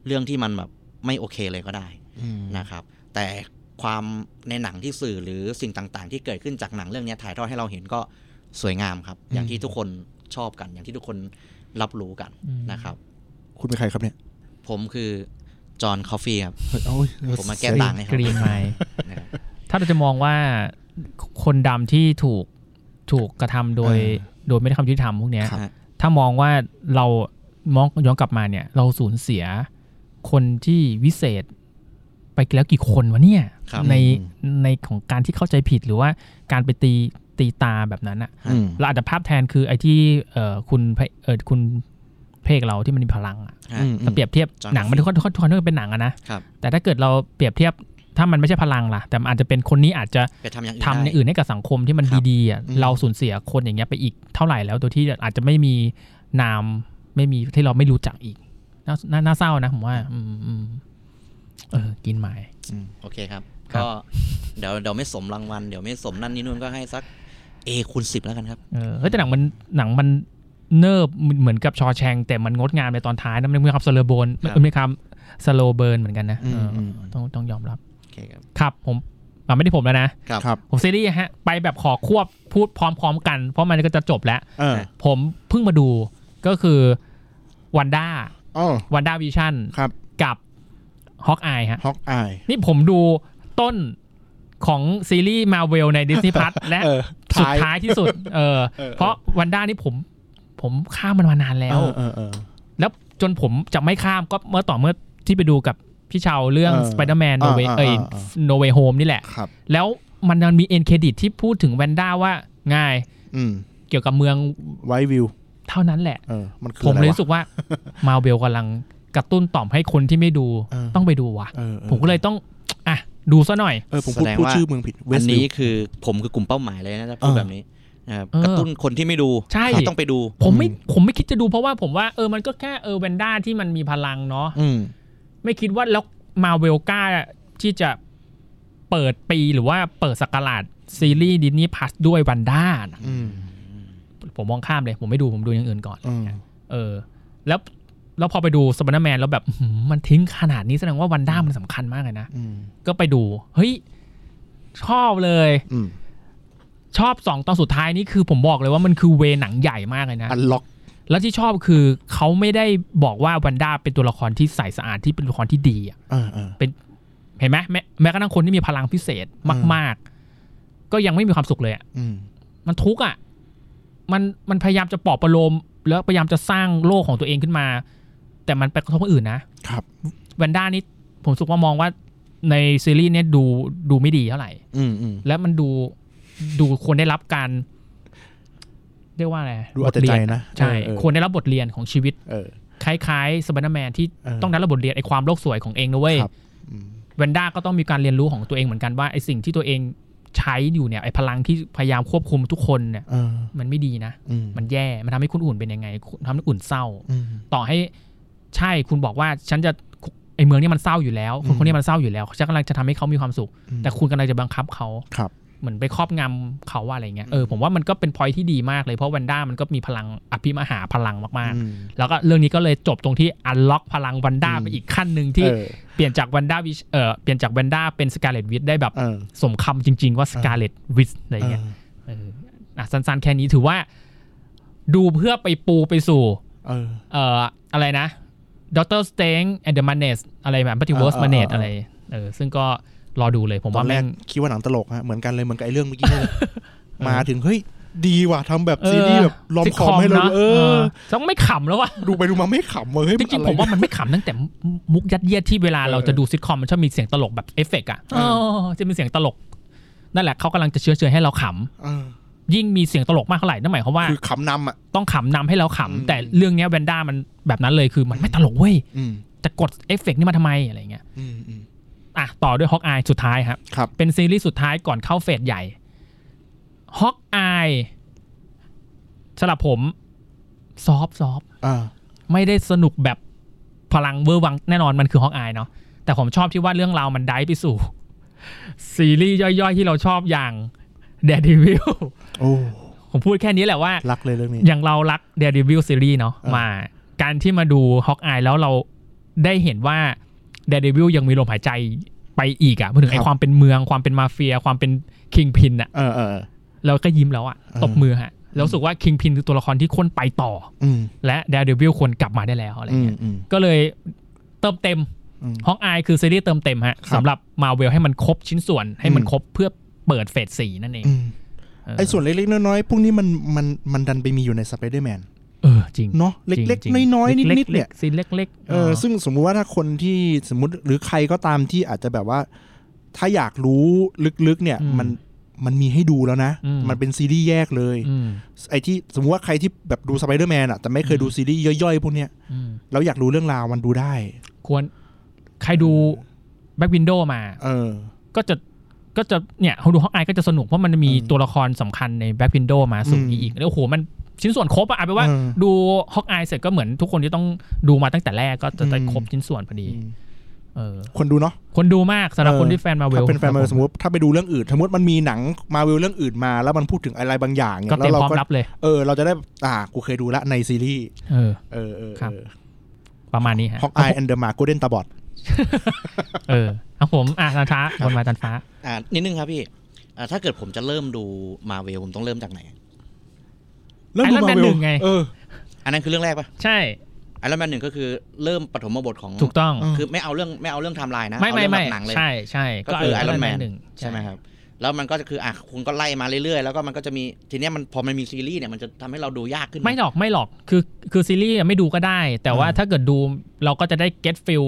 Speaker 4: เรื่องที่มันแบบไม่โอเคเลยก็ได้
Speaker 6: อืม
Speaker 4: นะครับ แต่ความในหนังที่สื่อหรือสิ่งต่างๆ ที่เกิดขึ้นจากหนังเรื่องเนี้ยถ่ายทอดให้เราเห็นก็สวยงามครับ อย่างที่ทุกคนชอบกันอย่างที่ทุกคนรับรู้กัน
Speaker 2: อืม
Speaker 4: นะครับ
Speaker 6: คุณเป็นใครครับเนี่ย
Speaker 4: ผมคือ จอห์นคอฟฟี่ครับ
Speaker 6: เฮ้ยโอ้ย
Speaker 4: ผมมาแก้ต่าง
Speaker 2: กรีนไมล์
Speaker 4: นะครับ
Speaker 2: ถ้าเราจะมองว่าคนดำที่ถูกถูกกระทำโดย โดยไม่ได้ คำยุติธรรมพวกเนี้ย
Speaker 4: ครับ
Speaker 2: ถ้ามองว่าเรามองย้อนกลับมาเนี่ย เราสูญเสียคนที่วิเศษไปแล้วกี่คนวะเนี่ย
Speaker 4: ครับ
Speaker 2: ใน
Speaker 4: อืม
Speaker 2: ในของการที่เข้าใจผิดหรือว่าการไปตีตีตาแบบนั้นอะ
Speaker 6: อืม
Speaker 2: เราอาจจะภาพแทนคือไอ้ที่เอ่อคุณพระเอ่อคุณเพกเราที่มันมีพลังอะ
Speaker 4: ฮะ
Speaker 6: อืม
Speaker 2: ถ้าเปรียบเทียบ
Speaker 4: John
Speaker 2: หนังมันทุกคนทุกคนทุกคนเป็นหนังอะนะครับ แต่ถ้าเกิดเราเปรียบเทียบถ้ามันไม่ใช่พลังล่ะ แต่มันอาจจะเป็นคนนี้อาจจะ
Speaker 4: ไปทำอย่างอื่น
Speaker 2: ทำใน
Speaker 4: ได้
Speaker 2: อื่นให้กับสังคมที่มัน
Speaker 4: ครับ
Speaker 2: ดีๆอะ
Speaker 6: อืม
Speaker 2: เราสูญเสียคนอย่างเงี้ยไปอีกเท่าไหร่แล้วโดยที่อาจจะไม่มีนามไม่มีที่เราไม่รู้จักอีกน่าน่าน่าเศร้านะผมว่า อืมอืมเออกินหมาย
Speaker 4: โอเคครับ
Speaker 2: ครับ
Speaker 4: ก็เดี๋ยวเดี๋ยวไม่สมรางวัลเดี๋ยวไม่สมนั่นนี่นู่นก็ให้สัก A คูณสิบแล้วกันครับ
Speaker 2: เออเฮ้ยแต่หนังมันหนังมันเนิบเหมือนเหมือนกับชอแชง แต่มันงดงามในตอนท้ายนะมันมีความสโลโบน
Speaker 4: ครับ
Speaker 2: มันมีความสโลเบิร์นเหมือนกันนะ
Speaker 6: อืม
Speaker 2: เอออ
Speaker 6: ม
Speaker 2: ต้องต้องยอมรับ
Speaker 4: โอเคครับ
Speaker 2: ครับผมอ่ะไม่ได้ผมแล้วนะ
Speaker 4: ครับ
Speaker 6: ครับ
Speaker 2: ผมซีรีส์ฮะไปแบบขอควบพูดพร้อมๆกัน เพราะมันก็จะจบแล้ว
Speaker 6: เออ
Speaker 2: ผมเพิ่งมาดูก็คือวันด้า
Speaker 6: อ๋อ
Speaker 2: วันด้าวิชั่น
Speaker 6: ครับ
Speaker 2: กับฮอกอายฮะ
Speaker 6: ฮอกอาย
Speaker 2: นี่ผมดูต้นของซีรีส์มาเวลในดิสนีย์พัทและ
Speaker 6: เออ
Speaker 2: สุดท้ายที่สุดเออ
Speaker 6: เออ
Speaker 2: เพราะวันด้านี่ผมผมข้ามมันมานานแล้ว
Speaker 6: เออเออเออ
Speaker 2: แล้วจนผมจะไม่ข้ามก็เมื่อต่อเมื่อที่ไปดูกับพี่เชาวเรื่อง
Speaker 6: เออ
Speaker 2: สไปเดอร์แมนโนเว
Speaker 6: อ่า
Speaker 2: เอ้ย
Speaker 6: อ่าอ่า
Speaker 2: โนเวโฮมนี่แหละ
Speaker 6: ครับ
Speaker 2: แล้วมันมันมีเอ็นเครดิตที่พูดถึงแวนด้าว่าง่าย
Speaker 6: อืม
Speaker 2: เกี่ยวกับเมือง
Speaker 6: ไววิว
Speaker 2: เท่านั้นแหละ
Speaker 6: เออ มันคือ
Speaker 2: ผม
Speaker 6: อะ
Speaker 2: เลย
Speaker 6: ไระ
Speaker 2: วรู้สึกว่า มาเบลกำลังกระตุ้นต่อมให้คนที่ไม่ดู
Speaker 6: เออ
Speaker 2: ต้องไปดูว่ะ
Speaker 6: เออออ
Speaker 2: ผมก็เลยต้อง อ่ะ ดูซะหน่อย
Speaker 6: เออผมพูด
Speaker 4: แสดง
Speaker 6: พูด
Speaker 4: ว่า
Speaker 6: ชื่อเมืองผิดเว
Speaker 4: อั
Speaker 6: ส
Speaker 4: น
Speaker 6: ต์
Speaker 4: นี้คือผมคือกลุ่มเป้าหมายเลยนะถ้าพูด
Speaker 6: เออ
Speaker 4: แบบนี้นะครับ
Speaker 2: เออก
Speaker 4: ระตุ้นคนที่ไม่ดู
Speaker 2: ใช่
Speaker 4: ห้ต้องไปดู
Speaker 2: ผมไม่ผมไม่คิดจะดูเพราะว่าผมว่าเออมันก็แค่เออแวนด้าที่มันมีพลังเนาะ
Speaker 6: อืม
Speaker 2: ไม่คิดว่าแล้วมาเวลกล้าที่จะเปิดปีหรือว่าเปิดสักราชซีรีส์ดิสนีย์พัสด้วยวันด้านะ
Speaker 6: อืม
Speaker 2: ผมมองข้ามเลย ผมไม่ดูผมดูอย่างอื่นก่อน
Speaker 6: อืม
Speaker 2: เออแล้ว แล้วพอไปดูส p ป d e r m a แมนแล้วแบบอื้อหือมันทิ้งขนาดนี้แสดงว่าวันด้ามันสำคัญมากเลยนะ
Speaker 3: อืม
Speaker 2: ก็ไปดู เฮ้ย ชอบเลย
Speaker 3: อืม
Speaker 2: ชอบสองตอนสุดท้ายนี่คือผมบอกเลยว่ามันคือเวหนังใหญ่มากเลยนะ
Speaker 3: อันล็อก
Speaker 2: แล้วที่ชอบคือเขาไม่ได้บอกว่าวันด้าเป็นตัวละครที่ใสสะอาดที่เป็นตัวละครที่ดีอะ
Speaker 3: เออเออ
Speaker 2: เห็นไหมแม้แม้กระทั่งคนที่มีพลังพิเศษ
Speaker 3: อืม
Speaker 2: มาก ๆ ก็ยังไม่มีความสุขเลยอะ
Speaker 3: อืม
Speaker 2: มันทุกข์อ่ะมันมันพยายามจะปลอบประโลม แล้วพยายามจะสร้างโลกของตัวเองขึ้นมา แต่มันไปกระทบคนอื่นนะครับ แวนด้านี่ผมรู้สุกว่ามองว่าในซีรีส์เนี่ยดูดูไม่ดีเท่าไหร่
Speaker 3: อืมอืม
Speaker 2: และมันดูดูควรได้รับการ เรียกว่าอะไร
Speaker 3: ดูเอาแต่ใจนะ
Speaker 2: ใช่
Speaker 3: เออเออ
Speaker 2: ควรได้รับบทเรียนของชีวิต
Speaker 3: เออ
Speaker 2: คล้ายๆสไปเดอร์แมนที่
Speaker 3: เออ
Speaker 2: ต้องได้รับบทเรียนไอ้ความโลกสวยของเองนะเว้ย
Speaker 3: ครับ อืม
Speaker 2: เวนด้าก็ต้องมีการเรียนรู้ของตัวเองเหมือนกันว่าไอสิ่งที่ตัวเองใช้อยู่เนี่ยไอพลังที่พยายามควบคุมทุกคนเนี่ย
Speaker 3: เออ
Speaker 2: มันไม่ดีนะ
Speaker 3: อืม
Speaker 2: มันแย่ มันทำให้คุณอุ่นเป็นยังไงทำให้คุณอุ่นเศร้า
Speaker 3: อืม
Speaker 2: ต่อให้ใช่คุณบอกว่าฉันจะไอเมืองเนี่ยมันเศร้าอยู่แล้ว คน
Speaker 3: อืม
Speaker 2: คนเนี้มันเศร้าอยู่แล้วฉันกำลังจะทำให้เขามีความสุข
Speaker 3: อืม
Speaker 2: แต่คุณกำลังจะบังคับเขา
Speaker 3: ครับ
Speaker 2: เหมือนไปครอบงำเขาว่าอะไรเงี้ยเออผมว่ามันก็เป็นพอยที่ดีมากเลยเพราะเวนด้ามันก็มีพลังอภิมหาพลังมาก
Speaker 3: อืม
Speaker 2: ๆ แล้วก็เรื่องนี้ก็เลยจบตรงที่อัลล็อกพลังวันด้าไปอีกขั้นหนึ่งที่
Speaker 3: เออ
Speaker 2: เปลี่ยนจากวันด้าวิเอ่อเปลี่ยนจากวันด้าเป็นสกาเลตวิทได้แบบ
Speaker 3: เออ
Speaker 2: สมคำจริง ๆ ว่าสกาเลตวิทอะไรเงี้ยเอออ่ะสั้นๆแค่นี้ถือว่า ดูเพื่อไปปูไปสู่
Speaker 3: เออ
Speaker 2: เอ่ออะไรนะด็อกเตอร์สเตงแอนเดอร์มานเนสอะไรแบบปฏิวัติ
Speaker 3: เออเออเออ
Speaker 2: มานเนสอะไรเออซึ่งก็รอดูเลยผม
Speaker 3: ตอ
Speaker 2: ว่าน
Speaker 3: แร
Speaker 2: แม่
Speaker 3: ก
Speaker 2: ง
Speaker 3: คิดว่าหนังตลกฮะเหมือนกันเลยเหมือนกับไอ้เรื่องเมื่อกี้นี่เลยมาถึงเฮ้ยดีว่ะทำแบบซีรีส์แบบลอมคอม
Speaker 2: sitcom
Speaker 3: ให้เรา
Speaker 2: นะ
Speaker 3: ดูเออ
Speaker 2: ต้องไม่ขำแล้วว่ะ
Speaker 3: ดูไปดูมาไม่ขำเลย
Speaker 2: จริงๆผมว่ามันไม่ขำตั้งแต่มุกยัดเยียดที่เวลาเราจะดูซิทคอมมันชอบมีเสียงตลกแบบเอฟเฟกต์อ่ะเออจะมีเสียงตลกนั่นแหละเขากำลังจะเชื้อเชิญให้เราขำ ยิ่งมีเสียงตลกมากเท่าไหร่นั่นหมายความว่า
Speaker 3: คือขำนำอ่ะ
Speaker 2: ต้องขำนำให้เรา
Speaker 3: อืม
Speaker 2: ขำแต่เรื่องเนี้ยแวนด้ามันแบบนั้นเลยคือมันไม่ตลกเว้ย
Speaker 3: อืม
Speaker 2: จะกดเอฟเฟกต์นี่มาทำไมอะไรเงี้ย
Speaker 3: อืมอืม
Speaker 2: อ่ะต่อด้วยฮอกอายสุดท้ายครับ
Speaker 3: ครับ
Speaker 2: เป็นซีรีส์สุดท้ายก่อนเข้าเฟสใหญ่ฮอกอายสำหรับผม ซอฟซอฟ
Speaker 3: อ่า
Speaker 2: ไม่ได้สนุกแบบพลังเวอร์วังแน่นอนมันคือฮอกอายเนาะแต่ผมชอบที่ว่าเรื่องราวมันได้ไปสู่ ซีรีส์ย่อยๆที่เราชอบอย่างแดดดิวิล
Speaker 3: โอ้
Speaker 2: ผมพูดแค่นี้แหละว่า
Speaker 3: รักเลยเรื่องนี้
Speaker 2: อย่างเรารักเด r e วิลซีรีส์เนาะ
Speaker 3: เออ
Speaker 2: มาการที่มาดูฮอกอายแล้วเราได้เห็นว่าเด r e วิลยังมีลมหายใจไปอีกอะ่ะพูดถึงไอความเป็นเมืองความเป็นมาเฟีย ความเป็นคิงพินอะ่ะ
Speaker 3: เออเออ
Speaker 2: เราก็ยิ้มแล้วอะ่ะ
Speaker 3: เออ
Speaker 2: ตบมือฮะแล้วรู้สึกว่าคิงพินคือตัวละครที่ควรไปต่อ
Speaker 3: อืม
Speaker 2: และเด r e วิลควรกลับมาได้แล้วอะไร
Speaker 3: อืม
Speaker 2: เงี้ย
Speaker 3: อืม
Speaker 2: ก็เลยเติมเต็ม
Speaker 3: อืม
Speaker 2: ฮอกอายคือซีรีส์เติมเต็มฮะ
Speaker 3: ครับ
Speaker 2: สำหรับมาเวลให้มันครบชิ้นส่วนให้มันครบเพื่อเปิดเฟสสี่นั่นเอง
Speaker 3: อืม
Speaker 2: เออ
Speaker 3: ไอ้ส่วนเล็กๆน้อยๆพวกนี้มันมันมันดันไปมีอยู่ในสไปเดอร์แมน
Speaker 2: เออจริง
Speaker 3: เนาะเล็ก
Speaker 2: จริง
Speaker 3: ๆน้อยๆ
Speaker 2: ล็กๆ
Speaker 3: นิดๆเนี่ย
Speaker 2: ซีนเล็กๆ
Speaker 3: เออซึ่งสมมุติว่าถ้าคนที่สมมติหรือใครก็ตามที่อาจจะแบบว่า ถ้าอยากรู้ลึกๆเนี่ย
Speaker 2: อืม
Speaker 3: มันมันมีให้ดูแล้วนะ
Speaker 2: อืม
Speaker 3: มันเป็นซีรีส์แยกเลย
Speaker 2: อืม
Speaker 3: ไอ้ที่สมมุติว่าใครที่แบบดูสไปเดอร์แมนอ่ะแต่ไม่เคยดูซีรีส์ย่อยๆ พวกเนี้ย
Speaker 2: อืม
Speaker 3: แล้วอยากรู้เรื่องราวมันดูได้
Speaker 2: ควรใครดูแบ็กวินโดมา
Speaker 3: เออ
Speaker 2: ก็จะก็จะเนี่ยเขาดูฮอกอายก็จะสนุกเพราะมันมี
Speaker 3: อืม
Speaker 2: ตัวละครสำคัญในแบ็กวินโดมาสู่
Speaker 3: อืม
Speaker 2: นี้อีกแล้วโอ้โหมันชิ้นส่วนครบอะเอาไปนว่า
Speaker 3: เออ
Speaker 2: ดูฮอกอายเสร็จก็เหมือนทุกคนที่ต้องดูมาตั้งแต่แรกก็จะได้
Speaker 3: อืม
Speaker 2: ครบชิ้นส่วนพอดี เออ
Speaker 3: คนดูเนาะ
Speaker 2: คนดูมากสำหรับ
Speaker 3: เออ
Speaker 2: คนที่แฟนมาเว
Speaker 3: ถ้า
Speaker 2: ล
Speaker 3: เป็นแฟนมาสมมติถ้าไปดูเรื่องอื่น สมมติมันมีหนังมาเวลเรื่องอื่นมา แล้วมันพูดถึงอะไรบางอย่าง
Speaker 2: ก็
Speaker 3: เนี่
Speaker 2: เตรี
Speaker 3: ยแล้
Speaker 2: ยม
Speaker 3: วเรา
Speaker 2: พร้อม
Speaker 3: ก็
Speaker 2: รับเลย
Speaker 3: เออ เราจะได้อ่ากูเคยดูละในซีรีส์
Speaker 2: เออ
Speaker 3: เออเออ
Speaker 2: ครับ ประมาณนี้ฮะ
Speaker 3: ฮอกอายแอนเดอร์มาโกเด้นตาบอด
Speaker 2: เออเอาผมอ่ะทันฟ้าคนมาทันฟ้า
Speaker 4: อ่านิดนึงครับพี่อ่าถ้าเกิดผมจะเริ่มดูมาเวลผมต้องเริ่มจากไหน
Speaker 3: แล้วดู
Speaker 2: Iron Man
Speaker 3: Marvel
Speaker 2: หนึ่งไง
Speaker 3: เออ
Speaker 4: อันนั้นคือเรื่องแรกปะ
Speaker 2: ใช่
Speaker 4: ไอรอนแมนหนึ่งก็คือเริ่มปฐมบทของ
Speaker 2: ถูกต้อง
Speaker 3: อืม
Speaker 4: คือไม่เอาเรื่องไม่เอาเรื่องไทม์ไลน์นะ
Speaker 2: ไม่ไม่
Speaker 4: เอาเรื่
Speaker 2: ไม่
Speaker 4: องแบบหนังเลย
Speaker 2: ใช่ใช่
Speaker 4: ก็คือ Iron
Speaker 2: Iron Man
Speaker 4: Man
Speaker 2: หนึ่ง
Speaker 4: ใช่ไหมครับ แล้วมันก็จะคืออ่ะคุณก็ไล่มาเรื่อยๆ แล้วก็มันก็จะมีทีเนี้ยมันพอมันมีซีรีส์เนี่ยมันจะทำให้เราดูยากขึ้น
Speaker 2: ไม่หรอกไม่หรอกคือคือซีรีส์อะไม่ดูก็ได้ แต่ว่าถ้าเกิดดูเราก็จะได้เก็ตฟิล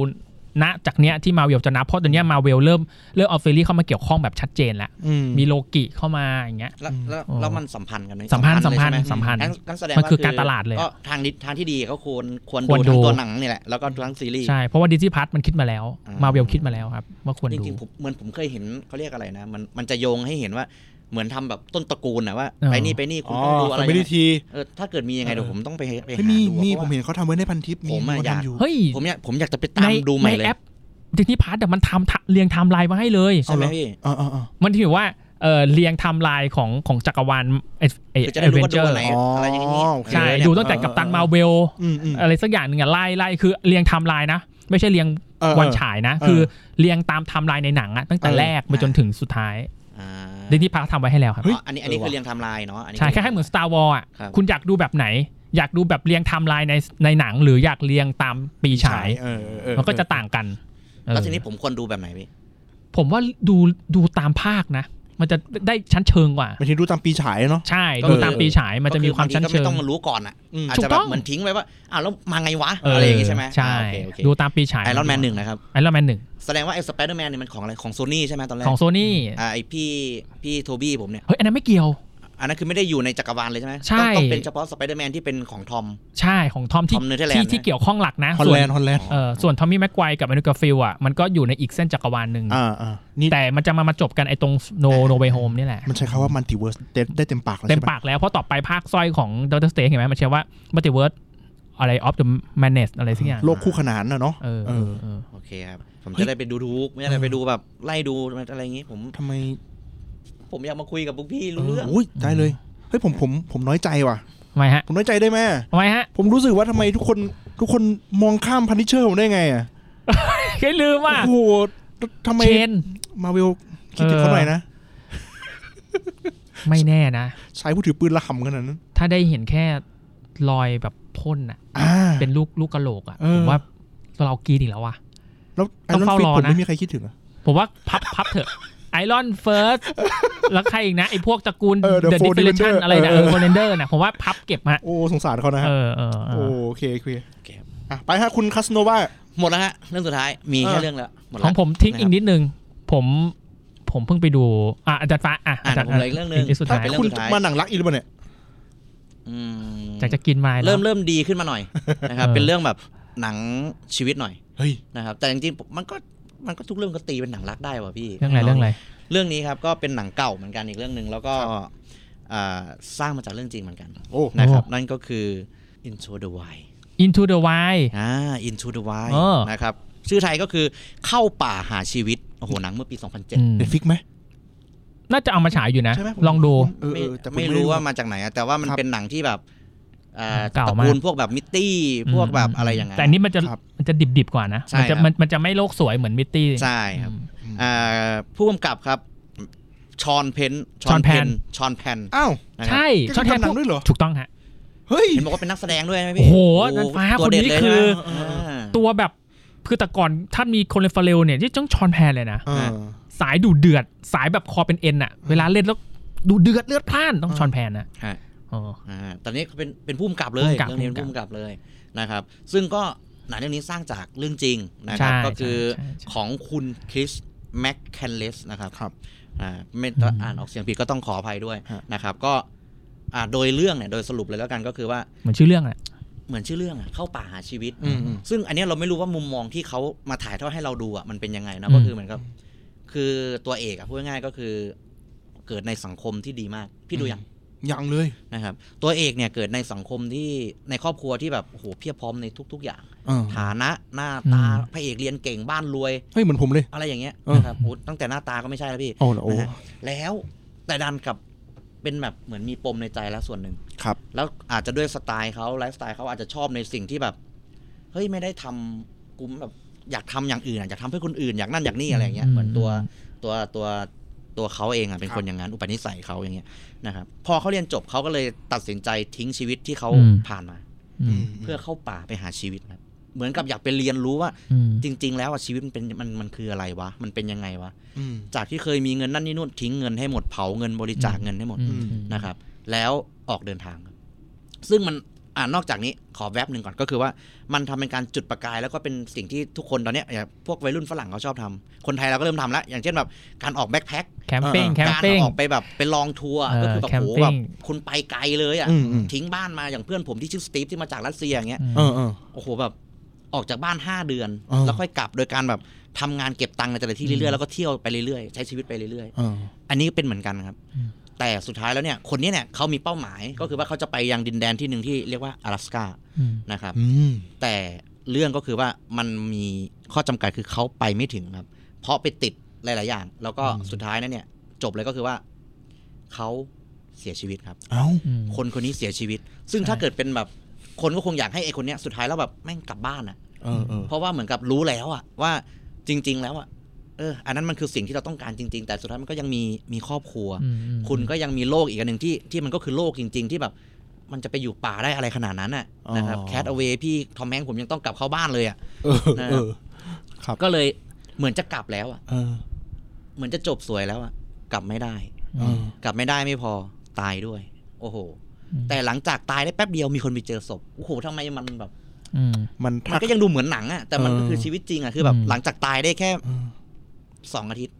Speaker 2: ณจากเนี้ยที่มาเวลจะนับเพราะตอนเนี้ยมาเวลเริ่มเริ่มเอาซีรีส์เข้ามาเกี่ยวข้องแบบชัดเจนแล้ว
Speaker 3: อื
Speaker 2: มีโลกิเข้ามาอย่างเงี้ย
Speaker 4: แล้วแล้ว
Speaker 2: อ๋อ
Speaker 4: แล้วมันสัมพันธ์กันไหม
Speaker 2: สัมพันธ์
Speaker 4: เลย
Speaker 2: สัมพันธ์
Speaker 4: ใช่ไหงั้นแสดง
Speaker 2: มัน
Speaker 4: ว่า
Speaker 2: คือการตลาดเลยอะ
Speaker 4: ก็ทางนิดทางที่ดีก็ควรควร
Speaker 2: ควรดู
Speaker 4: ดูทั้งตัวหนังนี่แหละแล้วก็ทั้งซีรีส์
Speaker 2: ใช่เพราะว่าดิจิพัทมันคิดมาแล้ว
Speaker 4: อ่าม
Speaker 2: มาเวลคิดมาแล้วครับว่าควร
Speaker 4: จ
Speaker 2: ดู
Speaker 4: ริงๆผมเหมือนผมเคยเห็นเขาเรียกอะไรนะ มันมันจะโยงให้เห็นว่าเหมือนทำแบบต้นตระกูลนะว่า
Speaker 2: อ๋อ
Speaker 4: ไปนี่ไปนี่คุ
Speaker 3: อ๋
Speaker 4: ณ
Speaker 3: อ
Speaker 4: ต้องดูอะไร
Speaker 3: ไม่ได้
Speaker 4: นะ
Speaker 3: ที
Speaker 4: เออถ้าเกิดมียังไงเดี๋ยว
Speaker 3: เออ
Speaker 4: ผมต้องไปไป
Speaker 3: ไม่
Speaker 4: หา
Speaker 3: มี
Speaker 4: ดูอะ
Speaker 3: มีผ
Speaker 4: เพ
Speaker 3: ม
Speaker 4: ราะว่า
Speaker 3: เห็นเขาทำไว้ในพันทิปมี
Speaker 4: ผมอะ
Speaker 3: คน
Speaker 4: อยาก
Speaker 3: ทำอยู่
Speaker 2: เฮ้ย
Speaker 4: ผมอยากผมอยากจะไป
Speaker 2: ใน
Speaker 4: ตามดูใหม่
Speaker 2: ใน
Speaker 4: เลย
Speaker 2: แอปดิจิพัทแต่มันทำทะเรียงไทม์ไลน์มาให้เลย
Speaker 4: ใช่ไหม
Speaker 3: เอาเหรอ
Speaker 4: พี่
Speaker 3: อ่าอ่าอ่า
Speaker 2: มันถือว่า เอ่อเรียงไทม์ไลน์ของของจักรวาลเอเอ
Speaker 4: คือจะได้รู้
Speaker 2: เวน
Speaker 4: ว่า
Speaker 2: เจ
Speaker 4: ดู
Speaker 2: อร์
Speaker 4: อะไรอะไรอย่างนี้
Speaker 6: อ๋อโอเค
Speaker 2: ใช่
Speaker 4: เออเนี่ย
Speaker 2: ดูตั้งแต่กัปตันมาเวล
Speaker 6: อืมอืม
Speaker 2: อะไรสักอย่างหนึ่งอะไล่ไล่คือเรียงไทม์ไลน์นะ ไม่ใช่เรียง
Speaker 6: เออเออ
Speaker 2: วันฉายนะ
Speaker 6: เออ
Speaker 2: คือเรียงตามไทม์ไลน์ในหนังอะตั้งแต่
Speaker 6: เออ
Speaker 2: แรกไปจนถึงสุดท้าย
Speaker 4: อ่า
Speaker 2: ดิที่พักทำไว้ให้แล้วครับ
Speaker 4: อ๋ออันนี้อันนี้คือเรียงไทม์ไลน์เนาะอันนี้
Speaker 2: ใช่คล้ายๆเหมือน Star War อ่ะ
Speaker 4: ครับ
Speaker 2: คุณอยากดูแบบไหน อยากดูแบบเรียงไทม์ไลน์ในในหนัง หรืออยากเรียงตามปีฉาย
Speaker 6: เออเออเออ
Speaker 2: มันก็จะต่างกัน
Speaker 4: แล้ว
Speaker 2: เออ
Speaker 4: ทีนี้ผมควรดูแบบไหนพี่
Speaker 2: ผมว่าดูดูตามภาคนะ มันจะได้ชั้นเชิงกว่า
Speaker 6: มันทีดูตามปีฉายเนาะ
Speaker 2: ใช่ ดูตามปีฉายมันจะมีความชั้น
Speaker 4: ก็
Speaker 2: เชิ
Speaker 4: ไม่
Speaker 2: ง
Speaker 4: ต้องมารู้ก่อนอ่ะ
Speaker 6: อืม
Speaker 4: อาจ
Speaker 2: ถู
Speaker 4: จะ
Speaker 2: ก
Speaker 4: แบ
Speaker 2: ต้
Speaker 4: บ
Speaker 2: อง
Speaker 4: เหมือนทิ้งไว้ว่าอ้าวแล้วมาไงวะ
Speaker 2: เอออ
Speaker 4: อะไรอย่างงี้ใช่ไหม
Speaker 2: ใช่ดู
Speaker 4: ดู
Speaker 2: ตามปีฉาย
Speaker 4: ไอรอนแมนหนึ่งนะครับ
Speaker 2: ไอรอนแมนหนึ่ง
Speaker 4: แสดงว่าไอ้สไปเดอร์แมนเนี่ยมันของอะไรของโซนี่ใช่ไหมตอนแรก
Speaker 2: ของโซนี่
Speaker 4: อ่าไอพี่พี่โทบี้ผมเนี่ย
Speaker 2: เฮ้ยอันนั้นไม่เกี่ยว
Speaker 4: อันนั้นคือไม่ได้อยู่ในจักรวาลเลยใช่ไหม
Speaker 2: ใช่
Speaker 4: ต้องต้องเป็นเฉพาะสไปเดอร์แมนที่เป็นของทอม
Speaker 2: ใช่ของทอมที่
Speaker 4: ทอมเนเธอร์แลนด์
Speaker 2: ที่
Speaker 4: นะ
Speaker 2: ที่เกี่ยวข้องหลักนะ
Speaker 6: ฮอล
Speaker 2: ส่ว
Speaker 6: แล
Speaker 2: น
Speaker 6: นด์ฮอลแลนด์
Speaker 2: เออส่วนทอมมี่แม็กไกวกับแอนูกาฟิลอ่ะมันก็อยู่ในอีกเส้นจักรวาลหนึ่ง
Speaker 6: อ่าอ่านี่
Speaker 2: แต่มันจะมามาจบกันไอตรงโนโนเวโฮมนี่แหละ
Speaker 6: มันใช้คำว่ามันติเวิร์สได้เต็มปากแล้ว
Speaker 2: เต็ม
Speaker 6: ใช่ปะ
Speaker 2: ปากแล้ว เพราะต่อไปภาคสร้อยของดรสเต e เห็นไหมมันเชื่อว่ามัลติเวิร์สอะไรออฟเดอะแมนเนสอะไรสักอย่าง
Speaker 6: โลกคู่ขนานนะเนาะ
Speaker 2: เออ
Speaker 6: เออ
Speaker 2: เออเออ
Speaker 4: โอเคครับผมจะได้ไปดูทุกไม่ได้ไปดูแบบไล่ดูอะไรอย่างงี้ผม
Speaker 6: ทำไม
Speaker 4: ผมอยากมาคุยกับพวกพี่รู้เรื่อง
Speaker 6: อุ้ยได้เลยเฮ้ยผมผมผมน้อยใจว่ะ
Speaker 2: ทำไมฮะ
Speaker 6: ผมน้อยใจได้ไหม
Speaker 2: ทำไมฮะ
Speaker 6: ผมรู้สึกว่าทำไมทุกคนทุกคนมองข้ามพันนิเชอร์ผมได้ไงอ่ะ
Speaker 2: เคยลืมว่า
Speaker 6: โอ้โหทำไม
Speaker 2: เชน
Speaker 6: มาเวลคิดถึงเขา
Speaker 2: เออ
Speaker 6: หน่อยนะ
Speaker 2: ไม่แน่นะ
Speaker 6: ใช้ผู้ถือปืนระห่ำขนาดนั้น
Speaker 2: ถ้าได้เห็นแค่รอยแบบพ่นอ่ะ
Speaker 6: อ่า
Speaker 2: เป็นลูกลูกกะโหลกอ่ะ
Speaker 6: เออ
Speaker 2: ผมว่าเรากรีดอีกแล้วว่ะ
Speaker 6: แล้วไอ
Speaker 2: ต้อง
Speaker 6: รอน
Speaker 2: เฝ้า
Speaker 6: ฟิต
Speaker 2: รอ
Speaker 6: ผม
Speaker 2: นะ
Speaker 6: ไม่มีใครคิดถึงอะ
Speaker 2: ผมว่าพับพับเถอะไอรอนเฟิร์สแล้วใครอีกนะ ไอพวกตระกูล
Speaker 6: เออ The
Speaker 2: เดอะดิฟ
Speaker 6: Four
Speaker 2: เฟนชั่น
Speaker 6: Defender
Speaker 2: อะไรนะเอ
Speaker 6: เอ
Speaker 2: อ
Speaker 6: อ
Speaker 2: โคเลนเดอร์นะผมว่าพับเก็บมา
Speaker 6: โอ้สงสารเขานะฮะ
Speaker 2: เออเออเอ
Speaker 6: โอ้
Speaker 2: อ
Speaker 6: โอเคโอเคอ่ะไปฮะคุณคาสโนวา
Speaker 4: หมดแล้วฮะเรื่องสุดท้ายมี
Speaker 6: เอ
Speaker 4: แค่
Speaker 6: อ
Speaker 4: เรื่องแล้วหมด
Speaker 2: ข
Speaker 4: แล้
Speaker 2: อง
Speaker 4: ว
Speaker 2: ผมทิ้ง
Speaker 4: นะครับ
Speaker 2: อีกนิดนึง ผมผมเพิ่งไปดูอ่ะอาจารย์ฟ้าอ่ะ
Speaker 4: อ่ะ
Speaker 2: อาจารย์
Speaker 4: ผมเหลืออีกเรื่องหนึ่ง
Speaker 2: กสุดท้าย
Speaker 4: ไปเรื่อง
Speaker 6: คุณ
Speaker 4: สุดท้าย
Speaker 6: มาหนังรักอีหรือเปล่าเนี่ย
Speaker 4: อืม
Speaker 2: จากจะกินไม้แล้ว
Speaker 4: เริ่มเริ่มดีขึ้นมาห น่อยนะครับ
Speaker 2: เออ
Speaker 4: เป็นเรื่องแบบหนังชีวิตหน่อย
Speaker 6: เฮ้ย
Speaker 4: นะครับแต่จริงๆผมมันก็มันก็ทุกเรื่องก็ตีเป็นหนังรักได้ว่ะพี่
Speaker 2: เรื่องอะไรเรื่องอะไร
Speaker 4: เรื่องนี้ครับก็เป็นหนังเก่าเหมือนกันอีกเรื่องหนึ่งแล้วก็อ่าสร้างมาจากเรื่องจริงเหมือนกัน
Speaker 6: โอ้
Speaker 4: นะครับ นั่นก็คือ Into the Wild
Speaker 2: Into the Wild
Speaker 4: อ่า Into the Wild
Speaker 2: เออ
Speaker 4: นะครับชื่อไทยก็คือเข้าป่าหาชีวิตโอ้โหหนังเมื่อปี
Speaker 2: อื
Speaker 4: 2007
Speaker 2: ม
Speaker 6: เน็ตฟิกไหม
Speaker 2: น่าจะเอามาฉายอยู่นะ
Speaker 6: ใช่ไหมผม
Speaker 2: ลองดู
Speaker 6: เออ
Speaker 4: ไม่
Speaker 6: เออแต่ผ
Speaker 4: ไม่รู้ว่ามาจากไหนอะแต่ว่ามัน
Speaker 6: ครับ
Speaker 4: เป็นหนังที่แบบอ่า
Speaker 2: เก่า
Speaker 4: ตระ
Speaker 2: มาก
Speaker 4: กูลพวกแบบมิตตี้พวกแบบอะไรอย่างเงี้ย
Speaker 2: แต่อันนี้มันจะ
Speaker 6: ครับ
Speaker 2: มันจะดิบดิบๆกว่านะ
Speaker 4: ใช่
Speaker 2: มันจะ
Speaker 4: ครับ
Speaker 2: มันมันจะไม่โลกสวยเหมือนมิตตี้
Speaker 4: ใช่ครับอ่าผู้กำกับครับชอนเพน
Speaker 2: Sean Penn
Speaker 4: ชอนแพน
Speaker 6: อ้าว
Speaker 2: ใช่
Speaker 6: ก็คือ
Speaker 2: ชอบแทน
Speaker 6: ทำหนังด้วยเหรอ
Speaker 2: ถูกต้องฮะ
Speaker 6: เฮ้ย
Speaker 4: เห็นบอกว่าเป็นนักแสดงด้วยใช่ไหม
Speaker 2: โอ้
Speaker 4: พี่
Speaker 2: โหนั่นฟ้าคนนี้
Speaker 4: ตัวเด็ดเลย
Speaker 2: คือ
Speaker 4: ใช่ไหมอ่า
Speaker 2: ตัวแบบคือแต่ก่อนท่านมีโคนเลนฟาเรลเนี่ยที่จ้องชอนแพนเลยนะ
Speaker 6: อ่า
Speaker 2: สายดูเดือด สายแบบคอเป็นเอ็นอะเวลาเล่นแล้วดูเดือดเลือดพล่านต้อง
Speaker 6: อ่า
Speaker 2: ชอนแพนนะ
Speaker 4: ฮะ
Speaker 2: อ๋อ
Speaker 4: อ่าตอนนี้เป็นเป็นผู้กำกับเลย
Speaker 2: ผู้กำกับ
Speaker 4: เรื่องนี้เป็น
Speaker 2: ผู้
Speaker 4: ผู้
Speaker 2: กำกับ
Speaker 4: กำกับเลยนะครับ ซึ่งก็หนังเรื่องนี้สร้างจากเรื่องจริงนะครับ
Speaker 2: ใช่
Speaker 4: ก็คือ
Speaker 2: ใช่ใช่ใช่
Speaker 4: ของคุณคริสแม็กแคนเลสนะครับ
Speaker 6: ครับ
Speaker 4: อ่าไม่
Speaker 2: อืม
Speaker 4: อ่านออกเสียงผิดก็ต้องขออภัยด้วย
Speaker 6: ฮะ
Speaker 4: นะครับ ก็อ่าโดยเรื่องเนี่ยโดยสรุปเลยแล้วกันก็คือว่า
Speaker 2: เหมือนชื่อเรื่องอะ
Speaker 4: เหมือนชื่อเรื่องอะเข้าป่าหาชีวิต
Speaker 6: อืมอืม
Speaker 4: ซึ่งอันเนี้ยเราไม่รู้ว่ามุมมองที่เขามาถ่ายทอดให้เราดูอ่ะมันเป็นยังไงนะก็คือเหมือนกับคือตัวเอกอ่ะพูดง่ายๆก็คือ เกิดในสังคมที่ดีมากพี่ดูยัง
Speaker 6: ยังเลย
Speaker 4: นะครับตัวเอกเนี่ยเกิดในสังคมที่ในครอบครัวที่แบบโอ้โหเพียบพร้อมในทุก ๆ อย่าง
Speaker 6: เออ
Speaker 4: ฐานะหน้าตาพระเอกเรียนเก่งบ้านรวย
Speaker 6: เฮ้ยเหมือนผมเลย
Speaker 4: อะไรอย่างเงี้ย
Speaker 6: เออ
Speaker 4: นะครับโอ้โหตั้งแต่หน้าตาก็ไม่ใช่แล้วพี่
Speaker 6: โอ้โหโอ้
Speaker 4: นะฮะแล้วแต่ดันกลับเป็นแบบเหมือนมีปมในใจแล้วส่วนหนึ่ง
Speaker 6: ครับ
Speaker 4: แล้วอาจจะด้วยสไตล์เขาไลฟ์สไตล์เขาอาจจะชอบในสิ่งที่แบบเฮ้ยไม่ได้ทำกุมแบบอยากทำอย่างอื่นอะอยากทำเพื่อคนอื่นอยากนั่นอยากนี่อะไรอย่างเงี้ยเหมือนตัว ตัวตัวตัวเขาเองอ่ะเป็นคนอย่างนั้นอุปนิสัยเขาอย่างเงี้ยนะครับพอเขาเรียนจบเขาก็เลยตัดสินใจทิ้งชีวิตที่เขา
Speaker 2: อืม
Speaker 4: ผ่านมา
Speaker 2: อืม
Speaker 4: เพื่อเข้าป่าไปหาชีวิตครับเหมือนกับอยากไปเรียนรู้ว่า
Speaker 2: อืม
Speaker 4: จริง ๆ แล้วอะชีวิตมันเป็นมันมันคืออะไรวะมันเป็นยังไงวะ
Speaker 6: อืม
Speaker 4: จากที่เคยมีเงินนั่นนี่นู่นทิ้งเงินให้หมดเผาเงินบริจาคเงินให้หมด
Speaker 2: อืม
Speaker 4: นะครับ แล้วออกเดินทางครับซึ่งมันอ่านอกจากนี้ขอแวบหนึ่งก่อนก็คือว่ามันทำเป็นการจุดประกายแล้วก็เป็นสิ่งที่ทุกคนตอนเนี้ยอย่างพวกวัยรุ่นฝรั่งเขาชอบทำคนไทยเราก็เริ่มทำแล้วอย่างเช่นแบบการออกแบ็คแพ็ค
Speaker 2: แคมปิ้งแค
Speaker 4: กาม ร
Speaker 2: ปิ้ง
Speaker 4: ออกไปแบบไปลองทัวร์
Speaker 2: เออ
Speaker 4: ก็
Speaker 2: แคม
Speaker 4: คือแบบโห
Speaker 2: ปิ้
Speaker 4: แบ
Speaker 2: ง
Speaker 4: บคุณไปไกลเลยอ่ะ
Speaker 6: อืมอืม
Speaker 4: ทิ้งบ้านมาอย่างเพื่อนผมที่ชื่อสตีฟที่มาจากรัสเซียอย่างเงี้ย
Speaker 6: เออเออ
Speaker 4: โอ้โหแบบออกจากบ้าน 5 เดือน
Speaker 6: เออ
Speaker 4: แล้วค่อยกลับโดยการแบบทำงานเก็บตังค์ในแต่ละที่เรื่อยๆแล้วก็เที่ยวไปเรื่อยๆใช้ชีวิตไปเรื่อย
Speaker 6: เออ
Speaker 4: ๆ อันนี้เป็นเหมือนกันครับ แต่สุดท้ายแล้วเนี่ยคนนี้เนี่ยเขามีเป้าหมายก็คือว่าเขาจะไปยังดินแดนที่หนึ่งที่เรียกว่า阿拉斯กา
Speaker 2: อืม
Speaker 4: นะครับ
Speaker 6: อืม
Speaker 4: แต่เรื่องก็คือว่ามันมีข้อจำกัดคือเขาไปไม่ถึงครับ เพราะไปติดหลาย ๆ อย่าง แล้วก็สุดท้ายนั่นเนี่ย จบเลยก็คือว่าเขาเสียชีวิตครับ
Speaker 3: เอ้า
Speaker 2: อืม
Speaker 4: คนคนนี้เสียชีวิต ซึ่งถ้าเกิดเป็นแบบคนก็คงอยากให้ไอ้คนเนี้ยสุดท้ายแล้วแบบแม่งกลับบ้านอะ
Speaker 3: เออเออ
Speaker 4: เพราะว่าเหมือนกับรู้แล้วอะว่าจริง ๆ แล้วอะเออ อันนั้นมันคือสิ่งที่เราต้องการจริง ๆ แต่สุดท้ายมันก็ยังมีมีครอบครัว
Speaker 2: อืมอืม
Speaker 4: คุณก็ยังมีโลกอีกอันหนึ่งที่ที่มันก็คือโลกจริง ๆ ที่แบบ มันจะไปอยู่ป่าได้อะไรขนาดนั้นน่ะ
Speaker 3: อ๋อ
Speaker 4: นะครับแคทเอาเวพี่ทอมแมงผมยังต้องกลับเข้าบ้านเลยอะ
Speaker 3: เออเออ ครับ
Speaker 4: ก็เลยเหมือนจะกลับแล้วอะ
Speaker 3: เออ
Speaker 4: เหมือนจะจบสวยแล้วอะกลับไม่ได้
Speaker 3: เออ
Speaker 4: กลับไม่ได้ไม่พอตายด้วย โอ้โห
Speaker 2: อืม
Speaker 4: แต่หลังจากตายได้แป๊บเดียวมีคนไปเจอศพโอ้โหทำไมมันแบบ
Speaker 2: อืม
Speaker 3: มัน
Speaker 4: มั
Speaker 3: ทั
Speaker 4: น
Speaker 3: ก
Speaker 4: ก็ยังดูเหมือนหนังอะแต่มันก็คือ
Speaker 3: เออ
Speaker 4: ชีวิตจริงอะคือแบบ
Speaker 2: อืม
Speaker 4: หลังจากตายได้แค่
Speaker 3: เออ
Speaker 4: สองอาทิตย์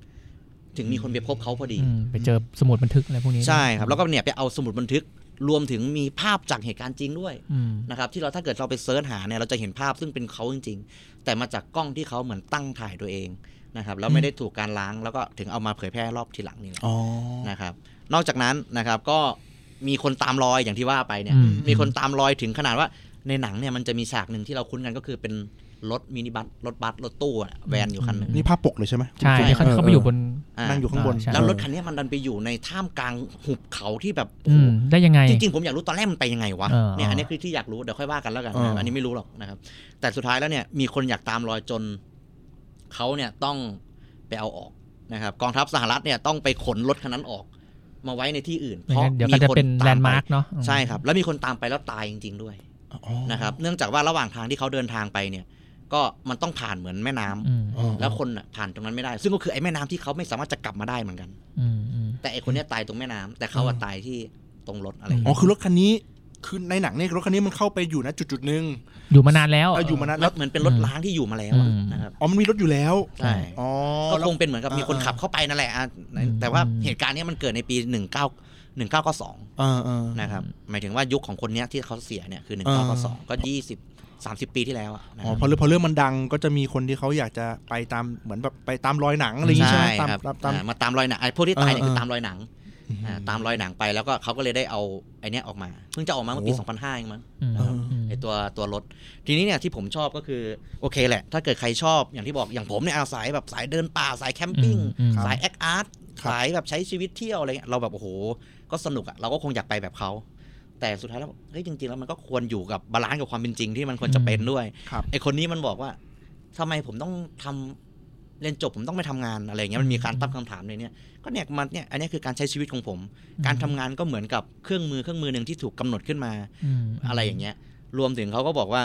Speaker 4: ถึงมีคนไปพบเขาพอดี
Speaker 2: อืมไปเจอสมุดบันทึกอะไรพวกนี้
Speaker 4: ใช่ครับ แล้วก็เนี่ยไปเอาสมุดบันทึกรวมถึงมีภาพจากเหตุการณ์จริงด้วย
Speaker 2: อืม
Speaker 4: นะครับที่เราถ้าเกิดเราไปเซิร์ชหาเนี่ยเราจะเห็นภาพซึ่งเป็นเขาจริง ๆ แต่มาจากกล้องที่เขาเหมือนตั้งถ่ายตัวเองนะครับแล้วไม่ได้ถูกการล้างแล้วก็ถึงเอามาเผยแพร่รอบทีหลังนี่แหละ
Speaker 3: อ๋อ
Speaker 4: นะครับ นอกจากนั้นนะครับก็มีคนตามรอยอย่างที่ว่าไปเนี่ย
Speaker 2: อืม
Speaker 4: มีคนตามรอยถึงขนาดว่าในหนังเนี่ยมันจะมีฉากหนึ่งที่เราคุ้นกันก็คือเป็นรถมินิบัสรถบัสรถตู้อะแวนอยู่คันหนึ่ง
Speaker 3: นี่ภาพปกเลยใช่ไหม
Speaker 2: ใช่
Speaker 4: ใช่
Speaker 2: ที่เขาเขาไปอยู่บน
Speaker 4: อ่า
Speaker 3: นั่งอยู่ข้างบน
Speaker 2: ใช่
Speaker 4: แล้วรถคันนี้มันดันไปอยู่ในท่ามกลางหุบเขาที่แบบ
Speaker 2: อืมได้ยังไง
Speaker 4: จริงๆผมอยากรู้ตอนแรกมันไปยังไงวะ
Speaker 2: เออ
Speaker 4: เนี่ยอันนี้คือที่อยากรู้เดี๋ยวค่อยว่ากันแล้วกัน
Speaker 3: เอออั
Speaker 4: อันนี้ไม่รู้หรอกนะครับ แต่สุดท้ายแล้วเนี่ยมีคนอยากตามรอยจนเขาเนี่ยต้องไปเอาออกนะครับ กองทัพสหรัฐเนี่ยต้องไปขนรถคันนั้นออก มาไว้ในที่อื่น เพราะ
Speaker 2: ไม่งั้นเดี๋ยว
Speaker 4: มี
Speaker 2: ก็จะ
Speaker 4: คน
Speaker 2: เป็นแล
Speaker 4: ตาน ม
Speaker 2: ด์
Speaker 4: ไป
Speaker 2: มาร์กเนาะ
Speaker 4: ใช่ครับ แล้วมีคนตามไปแล้วตายจริง ๆด้วย
Speaker 3: อ๋อ
Speaker 4: นะครับ เนื่องจากว่าระหว่างทางที่เขาเดินทางไปเนี่ย ก็มันต้องผ่านเหมือนแม่น้ำ
Speaker 2: อืม
Speaker 3: อ๋อ
Speaker 4: แล้วคนน่ะผ่านตรงนั้นไม่ได้ ซึ่งก็คือไอ้แม่น้ำที่เขาไม่สามารถจะกลับมาได้เหมือนกัน
Speaker 2: อืมอืม
Speaker 4: แต่ไอคนเนี้ยตายตรงแม่น้ำแต่เขาอะตายที่ตรงรถอะไรอย่าง
Speaker 3: อ๋อ
Speaker 4: เงี้ย
Speaker 3: คือรถคันนี้ คือในหนังเนี่ยรถคันนี้มันเข้าไปอยู่นะจุดจุดๆหนึ่ง
Speaker 2: อยู่มานานแล้ว
Speaker 3: เอออยู่มานาน
Speaker 4: ร
Speaker 3: แล้
Speaker 4: ถ
Speaker 3: ว
Speaker 4: เหมือนเป็นรถล้างที่อยู่มาแล้วอะ
Speaker 2: อืม
Speaker 4: นะครับ
Speaker 3: อ๋อ มันมีรถอยู่แล้ว
Speaker 4: ใช่
Speaker 3: อ๋อ
Speaker 4: ก็
Speaker 3: แล้ว
Speaker 4: คงเป็นเหมือนกับมีคน
Speaker 3: อ่า
Speaker 4: ขับเข้าไปนั่นแหละอ่ะไหน
Speaker 2: อืม
Speaker 4: แต่ว่าเหตุการณ์เนี้ยมันเกิดในปี 19 1992
Speaker 3: เออเออ
Speaker 4: นะครับหมายถึงว่ายุคของคนเนี้ยที่เขาเสียเนี่ยคือ
Speaker 3: อ่า
Speaker 4: 1992 ก็ 20 30 ปีที่แล้วอะนะ
Speaker 3: อ๋
Speaker 4: ค
Speaker 3: อ
Speaker 4: รับ
Speaker 3: พอเรื่องพอเรื่องมันดังก็จะมีคนที่เขาอยากจะไปตามเหมือนแบบไปตามรอยหนังอะไรอย่างงี้ใช่ไหมตาม
Speaker 4: ครับ
Speaker 3: ตามตาม
Speaker 4: อ่ามาตามรอยหนังไอ้พวกที่ตายเนี่ย
Speaker 3: เออ
Speaker 4: คือ
Speaker 3: เออ
Speaker 4: ตามรอยหนังอ่าตามรอยหนังไปแล้วก็เขาก็เลยได้เอาไอ้เนี้ยออกมาเพิ่งจะออกมาเมื่อปี
Speaker 3: โอ้
Speaker 4: 2005เองมั้ง
Speaker 2: อืม
Speaker 3: เออ
Speaker 4: ไอตัวตัวรถทีนี้เนี่ยที่ผมชอบก็คือโอเคแหละ ถ้าเกิดใครชอบอย่างที่บอกอย่างผมเนี่ยเอาสายแบบสายเดินป่าสายแคมปิ้ง
Speaker 2: อืม
Speaker 4: สายแอคอาร์ต
Speaker 3: ครับ
Speaker 4: สายแบบใช้ชีวิตเที่ยวอะไรเงี้ยเราแบบโอ้โห ก็สนุกอะเราก็คงอยากไปแบบเขาแต่สุดท้ายแล้วเฮ้ยจริงๆแล้วมันก็ควรอยู่กับบาลานซ์กับความเป็นจริงที่มันควรจะเป็นด้วย
Speaker 3: ครับ
Speaker 4: ไอคนนี้มันบอกว่าทำไมผมต้องทำเรียนจบผมต้องไปทำงานอะไรเงี้ยมันมีการตั้งคำถามในเนี้ยก็เนี่ยมันเนี่ยอันเนี้ยคือการใช้ชีวิตของผม การทำงานก็เหมือนกับเครื่องมือเครื่องมือหนึ่งที่ถูกกำหนดขึ้นมา
Speaker 2: ม
Speaker 4: อะไรอย่างเงี้ย รวมถึงเขาก็บอกว่า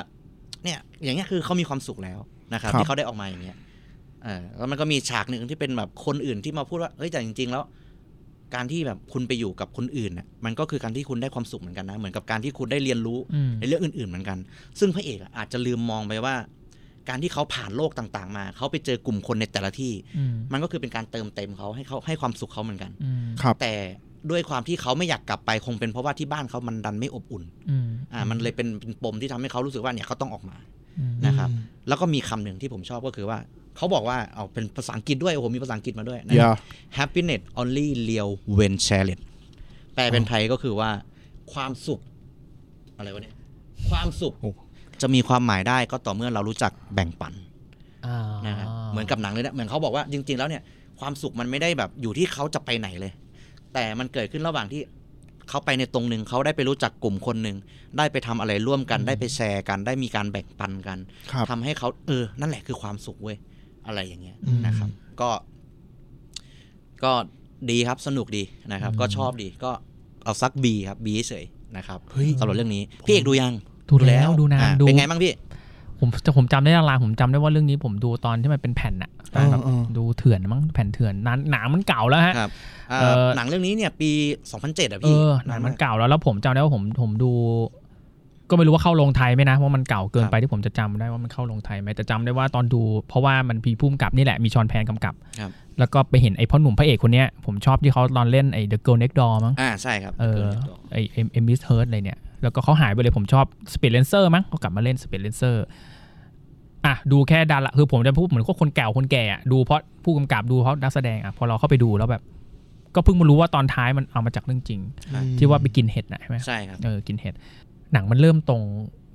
Speaker 4: เนี่ย อย่างเงี้ยคือเขามีความสุขแล้วนะครับ
Speaker 3: ครับ
Speaker 4: ที่เขาได้ออกมาอย่างเงี้ยเออแล้วมันก็มีฉากหนึ่งที่เป็นแบบคนอื่นที่มาพูดว่า เฮ้ยแต่จริง ๆ แล้ว การที่แบบคุณไปอยู่กับคนอื่นน่ะ มันก็คือการที่คุณได้ความสุขเหมือนกันนะ เหมือนกับการที่คุณได้เรียนรู้
Speaker 2: อืม
Speaker 4: ในเรื่องอื่น ๆ เหมือนกัน ซึ่งพระเอกอะอาจจะลืมมองไปว่า การที่เขาผ่านโลกต่าง ๆ มา เขาไปเจอกลุ่มคนในแต่ละที่
Speaker 2: อืม
Speaker 4: มันก็คือเป็นการเติมเต็มเขาให้เขาให้ความสุขเขาเหมือนกัน
Speaker 2: อืม
Speaker 3: ครับ
Speaker 4: แต่ด้วยความที่เขาไม่อยากกลับไปคงเป็นเพราะว่าที่บ้านเขามันดันไม่อบอุ่น
Speaker 2: อืม
Speaker 4: อ่ามันเลยเป็นเป็นปมที่ทำให้เขารู้สึกว่าเนี่ยเขาต้องออกมา
Speaker 2: อืม
Speaker 4: นะครับ แล้วก็มีคำหนึ่งที่ผมชอบก็คือว่า เขาบอกว่าเอาเป็นภาษาอังกฤษด้วยโอ้โหมีภาษาอังกฤษมาด้วยนะ
Speaker 3: อย่า
Speaker 4: happiness only real when shared แปลเป็นไทยก็คือว่า ความสุข อะไรวะเนี่ยความสุข
Speaker 3: โอ้
Speaker 4: จะมีความหมายได้ก็ต่อเมื่อเรารู้จักแบ่งปัน
Speaker 2: อ่า
Speaker 4: นะครับเหมือนกับหนังเลยนะเหมือนเขาบอกว่าจริง ๆ แล้วเนี่ย ความสุขมันไม่ได้แบบอยู่ที่เขาจะไปไหนเลย แต่มันเกิดขึ้นระหว่างที่เขาไปในตรงหนึ่งเขาได้ไปรู้จักกลุ่มคนหนึ่งได้ไปทำอะไรร่วมกันได้ไปแชร์กันได้มีการแบ่งปันกัน
Speaker 3: ครับ
Speaker 4: ทำให้เขาเออ นั่นแหละคือความสุขเว้ย อะไรอย่างเงี้ย
Speaker 3: อืม
Speaker 4: นะครับ ก็ ก็ดีครับสนุกดีนะครับ ก็ชอบดีก็เอาซักบีครับบีเฉยนะครับ
Speaker 3: เฮ้ย
Speaker 4: สำหรับเรื่องนี้ พี่เอกดูยัง
Speaker 2: ดูแล้วดูนาน
Speaker 4: อ่ะ
Speaker 2: ดู
Speaker 4: เป็นไงบ้างพี่
Speaker 2: ผมจะผมจำได้ลางๆผมจำได้ว่าเรื่องนี้ผมดูตอนที่มันเป็นแผ่นอะ
Speaker 3: อ่า
Speaker 2: แบบ
Speaker 3: อ่า
Speaker 2: ดูเถื่อนมั้งแผ่นเถื่อนหนาหนามันเก่าแล้วฮะ
Speaker 4: ครับเอ่อ
Speaker 2: เอ่อ
Speaker 4: หนังเรื่องนี้เนี่ย ปี 2007อ่ะ
Speaker 2: เอ
Speaker 4: พี่
Speaker 2: อน
Speaker 4: าน
Speaker 2: มั
Speaker 4: มาน ก
Speaker 2: เก่าแล้วแล้วผมจำได้ว่าผมผมดู ก็ไม่รู้ว่าเข้าโรงไทยไหมนะเพราะมันเก่าเกิน
Speaker 4: ครับ
Speaker 2: ไปที่ผมจะจำได้ว่ามันเข้าโรงไทยไหมแต่จำได้ว่าตอนดู เพราะว่ามันพีพุ่มกับนี่แหละมีชอนแพนกำกับ
Speaker 4: ครับ
Speaker 2: แล้วก็ไปเห็นไอ้พ่อหนุ่มพระเอกคนเนี้ยผมชอบที่เขาตอนเล่นไอ้ The Girl Next Door มั้ง
Speaker 4: อ่าใช่ครับ
Speaker 2: เอ
Speaker 4: เกิ
Speaker 2: อน
Speaker 4: จากตัว
Speaker 2: ไอเอ็มเอ็มมิสเฮิร์ตอะไรเนี่ย แล้วก็เขาหายไปเลยผมชอบสปีดเลนเซอร์มั้งเขากลับมาเล่นสปีดเลนเซอร์อ่ะดูแค่ดาราคือผมจะพูดเหมือนพวกคนแก่คนแก่อะดูเพราะผู้กำกับดูเพราะนักแสดงอ่ะพอเราเข้าไปดูแล้วแบบ ก็เพิ่งมารู้ว่าตอนท้ายมันเอามาจากเรื่องจริง ที่ว่าไปกินเห็ดนะใช่ไหม
Speaker 4: ใช่ครับ
Speaker 2: เออกินเห็ดหนังมันเริ่มตรง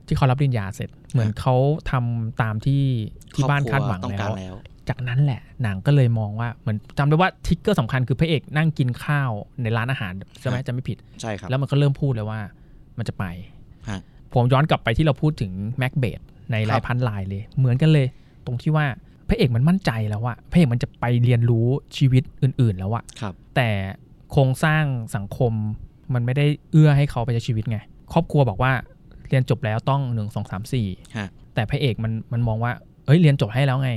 Speaker 2: ที่เขารับปริญญาเสร็จ เหมือนเขาทำตามที่ที่บ้านคาดหวัง
Speaker 4: ครอบครัวต้อง
Speaker 2: แล้ว
Speaker 4: การแล้ว
Speaker 2: จากนั้นแหละหนังก็เลยมองว่าเหมือนจำได้ว่าทิกเกอร์สำคัญคือพระเอกนั่งกินข้าวในร้านอาหารใช่ไหมจำไม่ผิด
Speaker 4: ใช่ครับ
Speaker 2: แล้วมันก็เริ่มพูดเลยว่ามันจะไป
Speaker 4: ฮะ
Speaker 2: ผมย้อนกลับไปที่เราพูดถึงแม็กเบดใน
Speaker 4: ครับ
Speaker 2: ลายพันลายเลย เหมือนกันเลย ตรงที่ว่าพระเอกมันมั่นใจแล้วว่าพระเอกมันจะไปเรียนรู้ชีวิตอื่น ๆ แล้วอะ
Speaker 4: ครับ
Speaker 2: แต่โครงสร้างสังคมมันไม่ได้เอื้อให้เขาไปใช้ชีวิตไง ครอบครัวบอกว่าเรียนจบแล้วต้องหนึ่งสองสามสี่
Speaker 4: ฮะ
Speaker 2: แต่พระเอกมันมันมองว่าเอ้ยเรียนจบให้แล้วไง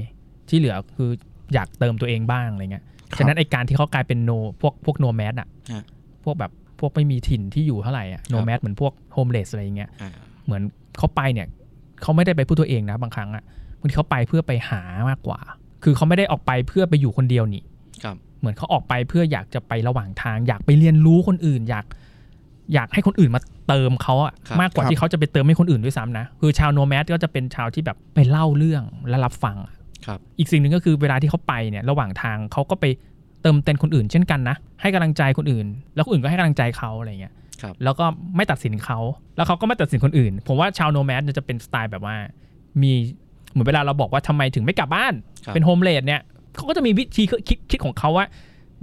Speaker 2: ที่เหลือคืออยากเติมตัวเองบ้างอะไรเงี้ย
Speaker 6: ครับ
Speaker 2: ฉะนั้นไอการที่เขากลายเป็นโนพวกพวกโนแมสอะ
Speaker 4: ฮะ
Speaker 2: พวกแบบพวกไม่มีถิ่นที่อยู่เท่าไหร่อะโนแมสเหมือนพวกโฮมเลสอะไรอย่างเงี้ย
Speaker 4: อ่า
Speaker 2: เหมือนเขาไปเนี่ยเขาไม่ได้ไปเพื่อตัวเองนะบางครั้งอะบางทีเขาไปเพื่อไปหามากกว่า คือเขาไม่ได้ออกไปเพื่อไปอยู่คนเดียวนี่
Speaker 4: ครับ
Speaker 2: เหมือนเขาออกไปเพื่ออยากจะไประหว่างทาง อยากไปเรียนรู้คนอื่น อยากอยากให้คนอื่นมาเติมเขาอะ
Speaker 4: ครับ
Speaker 2: มากกว่า
Speaker 6: ครับ
Speaker 2: ที่เขาจะไปเติมให้คนอื่นด้วยซ้ำนะคือชาวโนแมสก็จะเป็นชาวที่แบบไปเล่าเรื่องและรับฟังอะ
Speaker 4: ครับ
Speaker 2: อีกสิ่งหนึ่งก็คือเวลาที่เขาไปเนี่ยระหว่างทางเขาก็ไปเติมเต็มคนอื่นเช่นกันนะ ให้กำลังใจคนอื่น แล้วคนอื่นก็ให้กำลังใจเขาอะไรเงี้ย
Speaker 4: ครับ
Speaker 2: แล้วก็ไม่ตัดสินเขาแล้วเขาก็ไม่ตัดสินคนอื่น ผมว่าชาวโนแมสเนี่ยจะเป็นสไตล์แบบว่า มีเหมือนเวลาเราบอกว่าทำไมถึงไม่กลับบ้าน
Speaker 4: ครับ
Speaker 2: เป็นโฮมเลดเนี่ยเขาก็จะมีวิธีคิดคิดของเขาว่า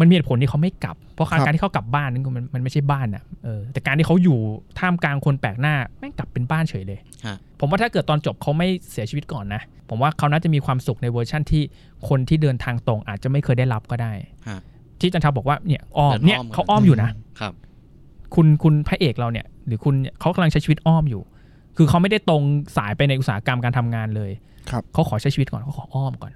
Speaker 2: มันมีเหตุผลที่เขาไม่กลับ เพราะการ
Speaker 6: ครับ
Speaker 2: การที่เขากลับบ้านนั่นก็มันมันไม่ใช่บ้านอ่ะเออแต่การที่เขาอยู่ท่ามกลางคนแปลกหน้าแม่งกลับเป็นบ้านเฉยเลย
Speaker 4: ฮะ
Speaker 2: ผมว่าถ้าเกิดตอนจบเขาไม่เสียชีวิตก่อนนะ ผมว่าเขาน่าจะมีความสุขในเวอร์ชั่นที่คนที่เดินทางตรงอาจจะไม่เคยได้รับก็ได้
Speaker 4: ฮะ
Speaker 2: ที่จันทราบอกว่าเนี่ยอ้อม
Speaker 4: เดินอ้อม
Speaker 2: เนี่ย
Speaker 4: เหมือน
Speaker 2: เขาอ้อมอยู่นะ
Speaker 4: ครับ
Speaker 2: คุณคุณพระเอกเราเนี่ย หรือคุณเขากำลังใช้ชีวิตอ้อมอยู่ คือเขาไม่ได้ตรงสายไปในอุตสาหกรรมการทำงานเลย
Speaker 6: ครับ
Speaker 2: เขาขอใช้ชีวิตก่อนเขาขออ้อมก่อน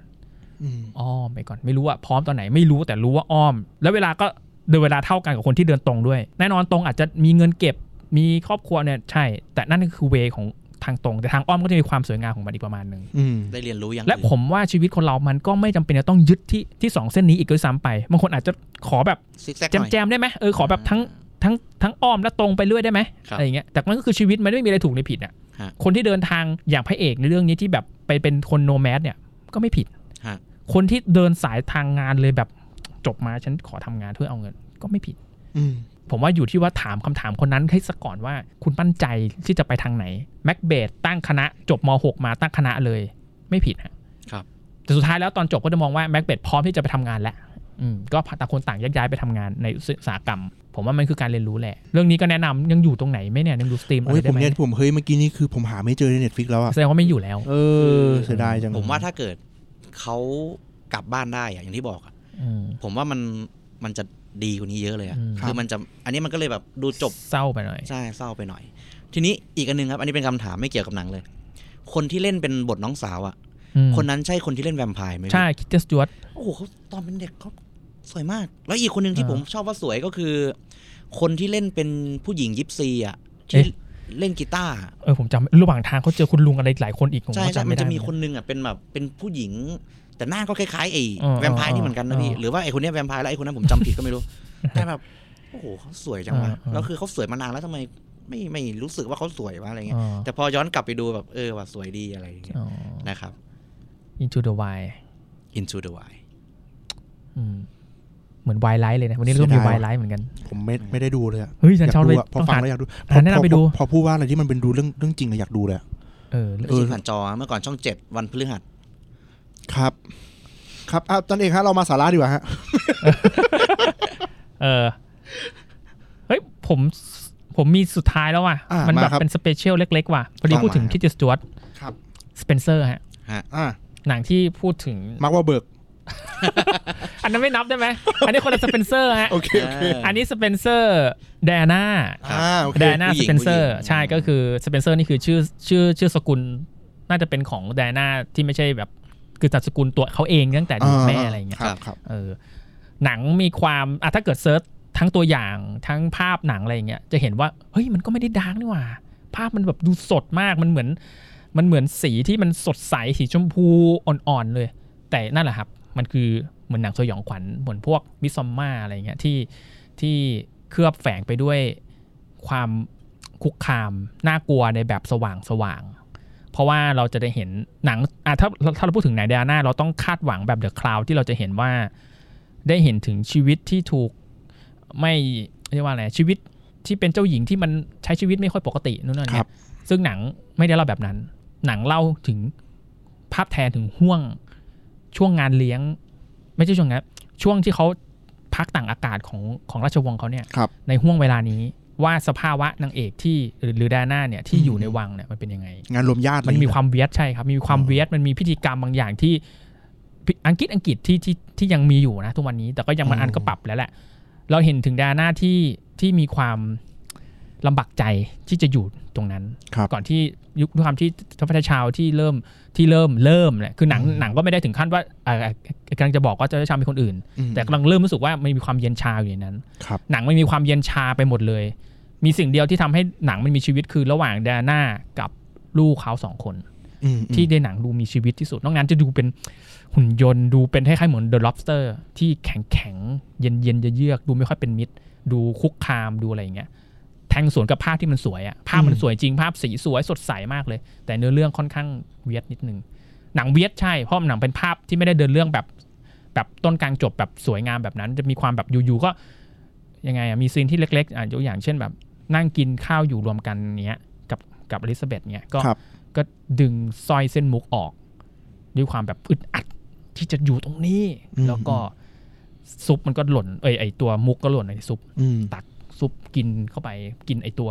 Speaker 6: อืม
Speaker 2: อ้อมไปก่อนไม่รู้ว่าพร้อมตอนไหนไม่รู้แต่รู้ว่าอ้อม แล้วเวลาก็เดินเวลาเท่ากันกับคนที่เดินตรงด้วย แน่นอนตรงอาจจะมีเงินเก็บมีครอบครัวเนี่ยใช่ แต่นั่นคือเวของทางตรง แต่ทางอ้อมก็จะมีความสวยงามของมันอีกประมาณหนึ่ง
Speaker 6: อืม
Speaker 4: ได้เรียนรู้อย่าง
Speaker 2: และ
Speaker 4: อื่น
Speaker 2: ผมว่าชีวิตคนเรามันก็ไม่จำเป็นจะต้องยึดที่ที่สองเส้นนี้อีกด้วยซ้ำไปบางคนอาจจะขอแบบ
Speaker 4: ซิกแซก
Speaker 2: แจมแจมๆได้ไหมเออขอแบบทั้ง
Speaker 4: า
Speaker 2: ทั้งทั้งอ้อมและตรงไปเรื่อยได้ไหม
Speaker 4: ครับ
Speaker 2: อะไรอย่างเงี้ยแต่มันก็คือชีวิตมันไม่มีอะไรถูกหรือผิดอ่ะ
Speaker 4: ฮะ
Speaker 2: คนที่เดินทางอย่างพระเอกในเรื่องนี้ที่แบบไปเป็นคนโนแมสเนี่ยก็ไม่ผิด
Speaker 4: ฮะ
Speaker 2: คนที่เดินสายทางงานเลยแบบจบมาฉันขอทำงานเพื่อเอาเงินก็ไม่ผิด
Speaker 6: อืม
Speaker 2: ผมว่าอยู่ที่ว่าถามคำถามคนนั้นให้สะก่อนว่า คุณมั่นใจที่จะไปทางไหนแม็กเบดตั้งคณะจบม .6 มาตั้งคณะเลยไม่ผิดฮะ
Speaker 4: ครับ
Speaker 2: แต่สุดท้ายแล้วตอนจบก็จะมองว่าแม็กเบดพร้อมที่จะไปทำงานแล้วอืมก็ต่างคนต่างแยกย้ายไปทำงานในอุตสาหกรรม ผมว่ามันคือการเรียนรู้แหละ เรื่องนี้ก็แนะนำยังอยู่ตรงไหนไหม่เนี่ยยังดูสตรีมอะ
Speaker 6: โอ้
Speaker 2: ไร
Speaker 6: ยผม
Speaker 2: ได้ไหม
Speaker 6: เนี่ยผมเฮ้ยเมื่อกี้นี้คือผมหาไม่เจอในเน็ตฟิกแล้วอะ
Speaker 2: แสดงว่าไม่อยู่แล้ว
Speaker 6: เออเสียดายจัง
Speaker 4: ผมว่าถ้าเกิดเขากลับบ้านได้อะอย่างที่บอกอะ
Speaker 2: อืม
Speaker 4: ผมว่ามันมันจะดีกว่านี้เยอะเลยอะ
Speaker 2: อืม
Speaker 4: คือมันจะอันนี้มันก็เลยแบบดูจบ
Speaker 2: เศร้าไปหน่อย
Speaker 4: ใช่เศร้าไปหน่อย ทีนี้อีกอันหนึงครับ อันนี้เป็นคำถามไม่เกี่ยวกับหนังเลย คนที่เล่นเป็นบทน้องสาวอะ่ะ
Speaker 2: อืม
Speaker 4: คนนั้นใช่คนที่เล่นแวมไพร์ไหมพี่
Speaker 2: ใช่คิดจะสจวต
Speaker 4: โอ้โหเขาตอนเป็นเด็กเขาสวยมาก แล้วอีกคนหนึ่งที่
Speaker 2: อ่า
Speaker 4: ผมชอบว่าสวยก็คือ คนที่เล่นเป็นผู้หญิงยิปซีอ่ะที่
Speaker 2: เอ๊ะ
Speaker 4: เล่นกีตาร์
Speaker 2: เออผมจำระหว่างทางเขาเจอคุณลุงอะไรอีกหลายคนอีกผม
Speaker 4: ใช่
Speaker 2: ก็
Speaker 4: ใช่
Speaker 2: จำ
Speaker 4: มั
Speaker 2: ไม่
Speaker 4: น
Speaker 2: ได้
Speaker 4: จะมีคนหนึงอ่ะเป็นแบบเป็นผู้หญิง แต่หน้าก็คล้ายๆไอ้
Speaker 2: อ่า
Speaker 4: แวมไพร์นี่เหมือนกันนะพี่
Speaker 2: อ่า
Speaker 4: หรือว่าไอ้คนเนี้ยแวมไพร์แล้วไอ้คนนั้นผมจำผิดก็ไม่ รู้ แต่แบบโอ้โหเขาสวยจัง
Speaker 2: อ่า
Speaker 4: วะ
Speaker 2: อ่า
Speaker 4: แล้วคือเขาสวยมานานแล้วทำไมไม่ไม่รู้สึกว่าเขาสวยวะอะไรเงี้ย
Speaker 2: อ๋อ
Speaker 4: แต่พอย้อนกลับไปดูแบบเออว่าสวยดีอะไรอย่างเงี้ย
Speaker 2: อ๋อ
Speaker 4: นะครับ
Speaker 2: Into the Wild
Speaker 4: Into the Wild
Speaker 2: อืมเหมือน Wild Light เลยนะ วันนี้เริ่มมี Wild Light เหมือนกัน
Speaker 6: ผมไม่ไม่ได้ดูเลยอะ
Speaker 2: เฮ้ยฉันชอบเลย
Speaker 6: ยากดูะพอ
Speaker 2: ต้อง
Speaker 6: ฟัง
Speaker 2: หา
Speaker 6: แล้วอยากดู
Speaker 2: หาแนะนำไปดู
Speaker 6: พอพอพูดว่าอะไรที่มันเป็นดูเรื่องเรื่องจริงอะอยากดูเลยอะ
Speaker 2: เออ
Speaker 4: ไม่
Speaker 2: เอ
Speaker 4: ใช่
Speaker 2: อ
Speaker 4: ผ่านจอเมื่อก่อนช่องเจ็ดวันพฤหัส
Speaker 6: ครับ ครับอ่ะตอนเองฮะเรามาสาระดีกว่าฮะ
Speaker 2: เออเฮ้ยผมผมมีสุดท้ายแล้วว่ะ
Speaker 6: อ่ะ
Speaker 2: มันแบบ
Speaker 6: มาครับ
Speaker 2: เป็นสเปเชียลเล็ก ๆ ว่ะ พอดี
Speaker 6: ต้อง
Speaker 2: พูดถึง
Speaker 6: มา
Speaker 2: คิดจะสจวต
Speaker 6: ครับ
Speaker 2: สเปนเซอร์ฮะ
Speaker 6: อ่ะ
Speaker 2: หนังที่พูดถึง
Speaker 6: มาร์คว่าเบิร์ก
Speaker 2: อันนั้นไม่นับได้ไหม อันนี้คนละสเปนเซอร์ฮะ
Speaker 6: โอเคโอเค
Speaker 2: อันนี้สเปนเซอร์แดน่า
Speaker 6: อ่าโอเค
Speaker 2: แดน่าส
Speaker 4: ผู้หญิง
Speaker 2: เปนเซอร์
Speaker 4: ผู้หญิง
Speaker 2: ใช่ก็คือสเปนเซอร์นี่คือชื่อชื่อชื่อสกุลน่าจะเป็นของแดน่าที่ไม่ใช่แบบคือนามสกุลตัวเขาเองตั้งแต่อยู่กับแม่
Speaker 6: อ่า
Speaker 2: อะไรอย่างเงี้ย
Speaker 6: ครับครับ
Speaker 2: เออหนังมีความอ่ะถ้าเกิดเซิร์ชทั้งตัวอย่างทั้งภาพหนังอะไรอย่างเงี้ยจะเห็นว่าเฮ้ยมันก็ไม่ได้ดาร์กนี่หว่า ภาพมันแบบดูสดมากมันเหมือน มันเหมือนสีที่มันสดใสสีชมพูอ่อนๆเลย แต่นั่นแหละครับ มันคือเหมือนหนังสยองขวัญเหมือนพวกมิซอมมาอะไรอย่างเงี้ยที่ที่เคลือบแฝงไปด้วยความคุกคามน่ากลัวในแบบสว่างสว่างๆเพราะว่าเราจะได้เห็นหนังอ่ะถ้าถ้าเราพูดถึงหนังเดียนาเราต้องคาดหวังแบบเดอะคลาวที่เราจะเห็นว่าได้เห็นถึงชีวิตที่ถูกไม่เรียกว่าอะไรชีวิตที่เป็นเจ้าหญิงที่มันใช้ชีวิตไม่ค่อยปกตินู่นนั่น
Speaker 6: ครั
Speaker 2: เนี่ย
Speaker 6: บ
Speaker 2: ซึ่งหนังไม่ได้เล่าแบบนั้น หนังเล่าถึงภาพแทนถึงห่วง ช่วงงานเลี้ยง ไม่ใช่ช่วงงานช่วงที่เขาพักต่างอากาศของของราชวงศ์เขาเนี่ย
Speaker 6: ครับ
Speaker 2: ในห่วงเวลานี้ว่าสภาวะนางเอกที่หรือหรือดาน่าเนี่ยที่
Speaker 6: อืม
Speaker 2: อยู่ในวังเนี่ยมันเป็นยังไง
Speaker 6: งานรวมญาติ
Speaker 2: มันมี
Speaker 6: เลย
Speaker 2: ความเวียดใช่ครับ มีความ
Speaker 6: อ๋อ
Speaker 2: เวียดมันมีพิธีกรรมบางอย่างที่พิอังกฤษอังกฤษที่ที่ที่ยังมีอยู่นะทุกวันนี้ แต่ก็ยังมันอันก็ปรับแล้วแหละ เราเห็นถึงดาน่าที่ที่มีความลำบากใจที่จะอยู่ตรงนั้น
Speaker 6: ครับ
Speaker 2: ก่อนที่ยุคด้วยความที่ทัพพระชาวที่เริ่มที่เริ่มเริ่มเนี่ยคือหนังหนังก็ไม่ได้ถึงขั้นว่าเอ่อเอ่อกำลังจะบอกว่าเจ้าชาวเป็นคนอื่น
Speaker 6: อืม
Speaker 2: แต่กำลังเริ่มรู้สึกว่ามันมีความเย็นชาอยู่ในนั้น
Speaker 6: ครับ
Speaker 2: หนังมันมีความเย็นชาไปหมดเลย มีสิ่งเดียวที่ทำให้หนังมันมีชีวิตคือระหว่างดาน่ากับลูกเขาสองคน
Speaker 6: อืม
Speaker 2: ที่ในหนังดูมีชีวิตที่สุด นอกนั้นจะดูเป็นหุ่นยนต์ดูเป็นคล้ายๆเหมือน The Lobster ที่แข็งแข็งๆเย็นเย็นๆเยือกๆดูไม่ค่อยเป็นมิตร ดูคุกคามดูอะไรอย่างเงี้ยแทงสวนกับภาพที่มันสวยอะภาพมันสวยจริงภาพสีสวยสดใสมากเลย แต่เนื้อเรื่องค่อนข้างเวียดนิดนึง หนังเวียดใช่เพราะหนังเป็นภาพที่ไม่ได้เดินเรื่องแบบแบบต้นกลางจบแบบสวยงามแบบนั้น จะมีความแบบอยู่ๆก็ยังไงอะมีซีนที่เล็กๆอ่ะยกอย่างเช่นแบบนั่งกินข้าวอยู่รวมกันเนี้ยกับกับอลิซาเบธเนี้ยก็
Speaker 6: ครับ
Speaker 2: ก็ดึงสร้อยเส้นมุกออก ด้วยความแบบอึดอัดที่จะอยู่ตรงนี้
Speaker 6: อืม
Speaker 2: แล้วก็ซุปมันก็หล่นเอยไอตัวมุกก็หล่นในซุป
Speaker 6: อืม
Speaker 2: ตักซุปกินเข้าไปกินไอตัว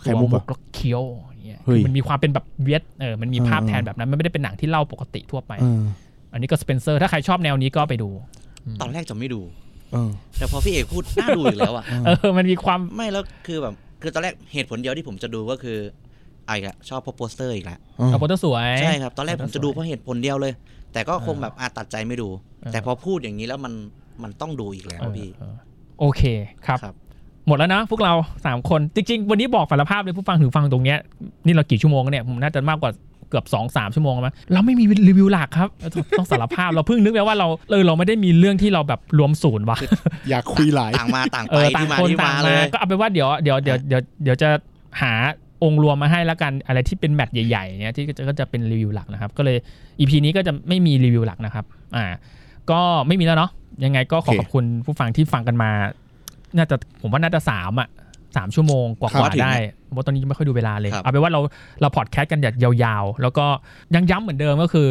Speaker 6: ไข่
Speaker 2: ตัว
Speaker 6: มุกเหรอ
Speaker 2: แล้วเคี้ยวอย่างเงี้ย
Speaker 6: เฮ้ย
Speaker 2: คือมันมีความเป็นแบบเวียดเออมันมี
Speaker 6: เออ
Speaker 2: ภาพแทนแบบนั้นมันไม่ได้เป็นหนังที่เล่าปกติทั่วไป
Speaker 6: เออ
Speaker 2: อันนี้ก็สเปนเซอร์ถ้าใครชอบแนวนี้ก็ไปดู
Speaker 4: ตอนแรกจะไม่ดู
Speaker 6: เออ
Speaker 4: แต่พอพี่เอกพูด น่าดูอีกแล้วอ่ะ
Speaker 2: เออมันมีความ
Speaker 4: ไม่แล้วคือแบบคือตอนแรกเหตุผลเดียวที่ผมจะดูก็คือไอ้ละชอบพวกโปสเตอร์อีกแล้ว
Speaker 6: อืม
Speaker 2: เอาโปรเตอร์สวย
Speaker 4: ใช่ครับตอนแรกผมจะดูเพราะเหตุผลเดียวเลย แต่ก็คงแบบอาตัดใจไม่ดู
Speaker 2: เออ
Speaker 4: แต่พอพูดอย่างนี้แล้วมันมันต้องดูอีกแล้ว
Speaker 2: เออ
Speaker 4: พี่
Speaker 2: เออโอเคครับ
Speaker 4: ครับ
Speaker 2: หมดแล้วนะพวกเรา 3 คน จริง ๆ วันนี้บอกสารภาพเลยผู้ฟังถึงฟังตรงเนี้ยนี่เรากี่ชั่วโมงกันเนี่ยผมน่าจะมากกว่าเกือบ2อสชั่วโมงแล้วมั้งเราไม่มีรีวิวหลักครับต้องต้องสารภาพเราเพิ่งนึกไปว่าเราเออเราไม่ได้มีเรื่องที่เราแบบรวมศูนย์ว่ะ
Speaker 6: อยากคุยหลาย
Speaker 4: ต่างมาต่าง
Speaker 2: เอ
Speaker 4: ไป
Speaker 2: อต่าง
Speaker 4: ที่มา
Speaker 2: คนต่าม
Speaker 4: ที่าง เล
Speaker 2: มาย ก็เอาเป็นว่าเดี๋ยวเดี๋ยวเดี๋ยวเดี๋ยวเดี๋ยวจะหาองค์รวมมาให้ละกันอะไรที่เป็นแมตช์ใหญ่ๆเนี่ยที่ก็จะก็จะเป็นรีวิวหลักนะครับก็เลยอีพีนี้ก็จะไม่มีรีวิวหลักนะครับอ่าก็ไม่มีแล้วเนาะยังไงก็ขอ
Speaker 6: โอเค
Speaker 2: ขอบคุณผู้ฟังที่ฟังกันมา น่าจะผมว่าน่าจะสามอ่ะสามชั่วโมงกว่า
Speaker 4: ครับ
Speaker 2: ๆได้เพราะตอนนี้ยังไม่ค่อยดูเวลาเลย
Speaker 4: ครับ
Speaker 2: เอาเป็นว่าเราเราพอดแคสต์กันอย่างยาวๆ แล้วก็ยังย้ำเหมือนเดิมก็คือ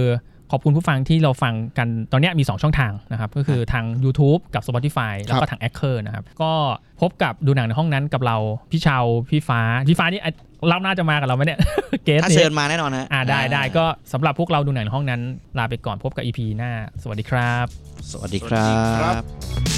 Speaker 2: ขอบคุณผู้ฟังที่เราฟังกันตอนเนี้ยมี 2 ช่องทางนะครับ ก็คือทาง YouTube กับ Spotify แล้วก็ทาง a c c e r นะครับ ก็พบกับดูหนังในห้องนั้นกับเรา พี่เชาวพี่ฟ้า พี่ฟ้านี่อ่ะเราน่าจะมากับเราไหมเนี่ย เกส
Speaker 4: ถ้า
Speaker 2: เนี่
Speaker 4: เชิ
Speaker 2: ย
Speaker 4: ญมาแน่นอนฮะ
Speaker 2: อ่าได้ได้ก็สำหรับพวกเราดูหนังในห้องนั้น ลาไปก่อนพบกับ EP หน้า สวัสดีครับ
Speaker 4: สวัสดีครับ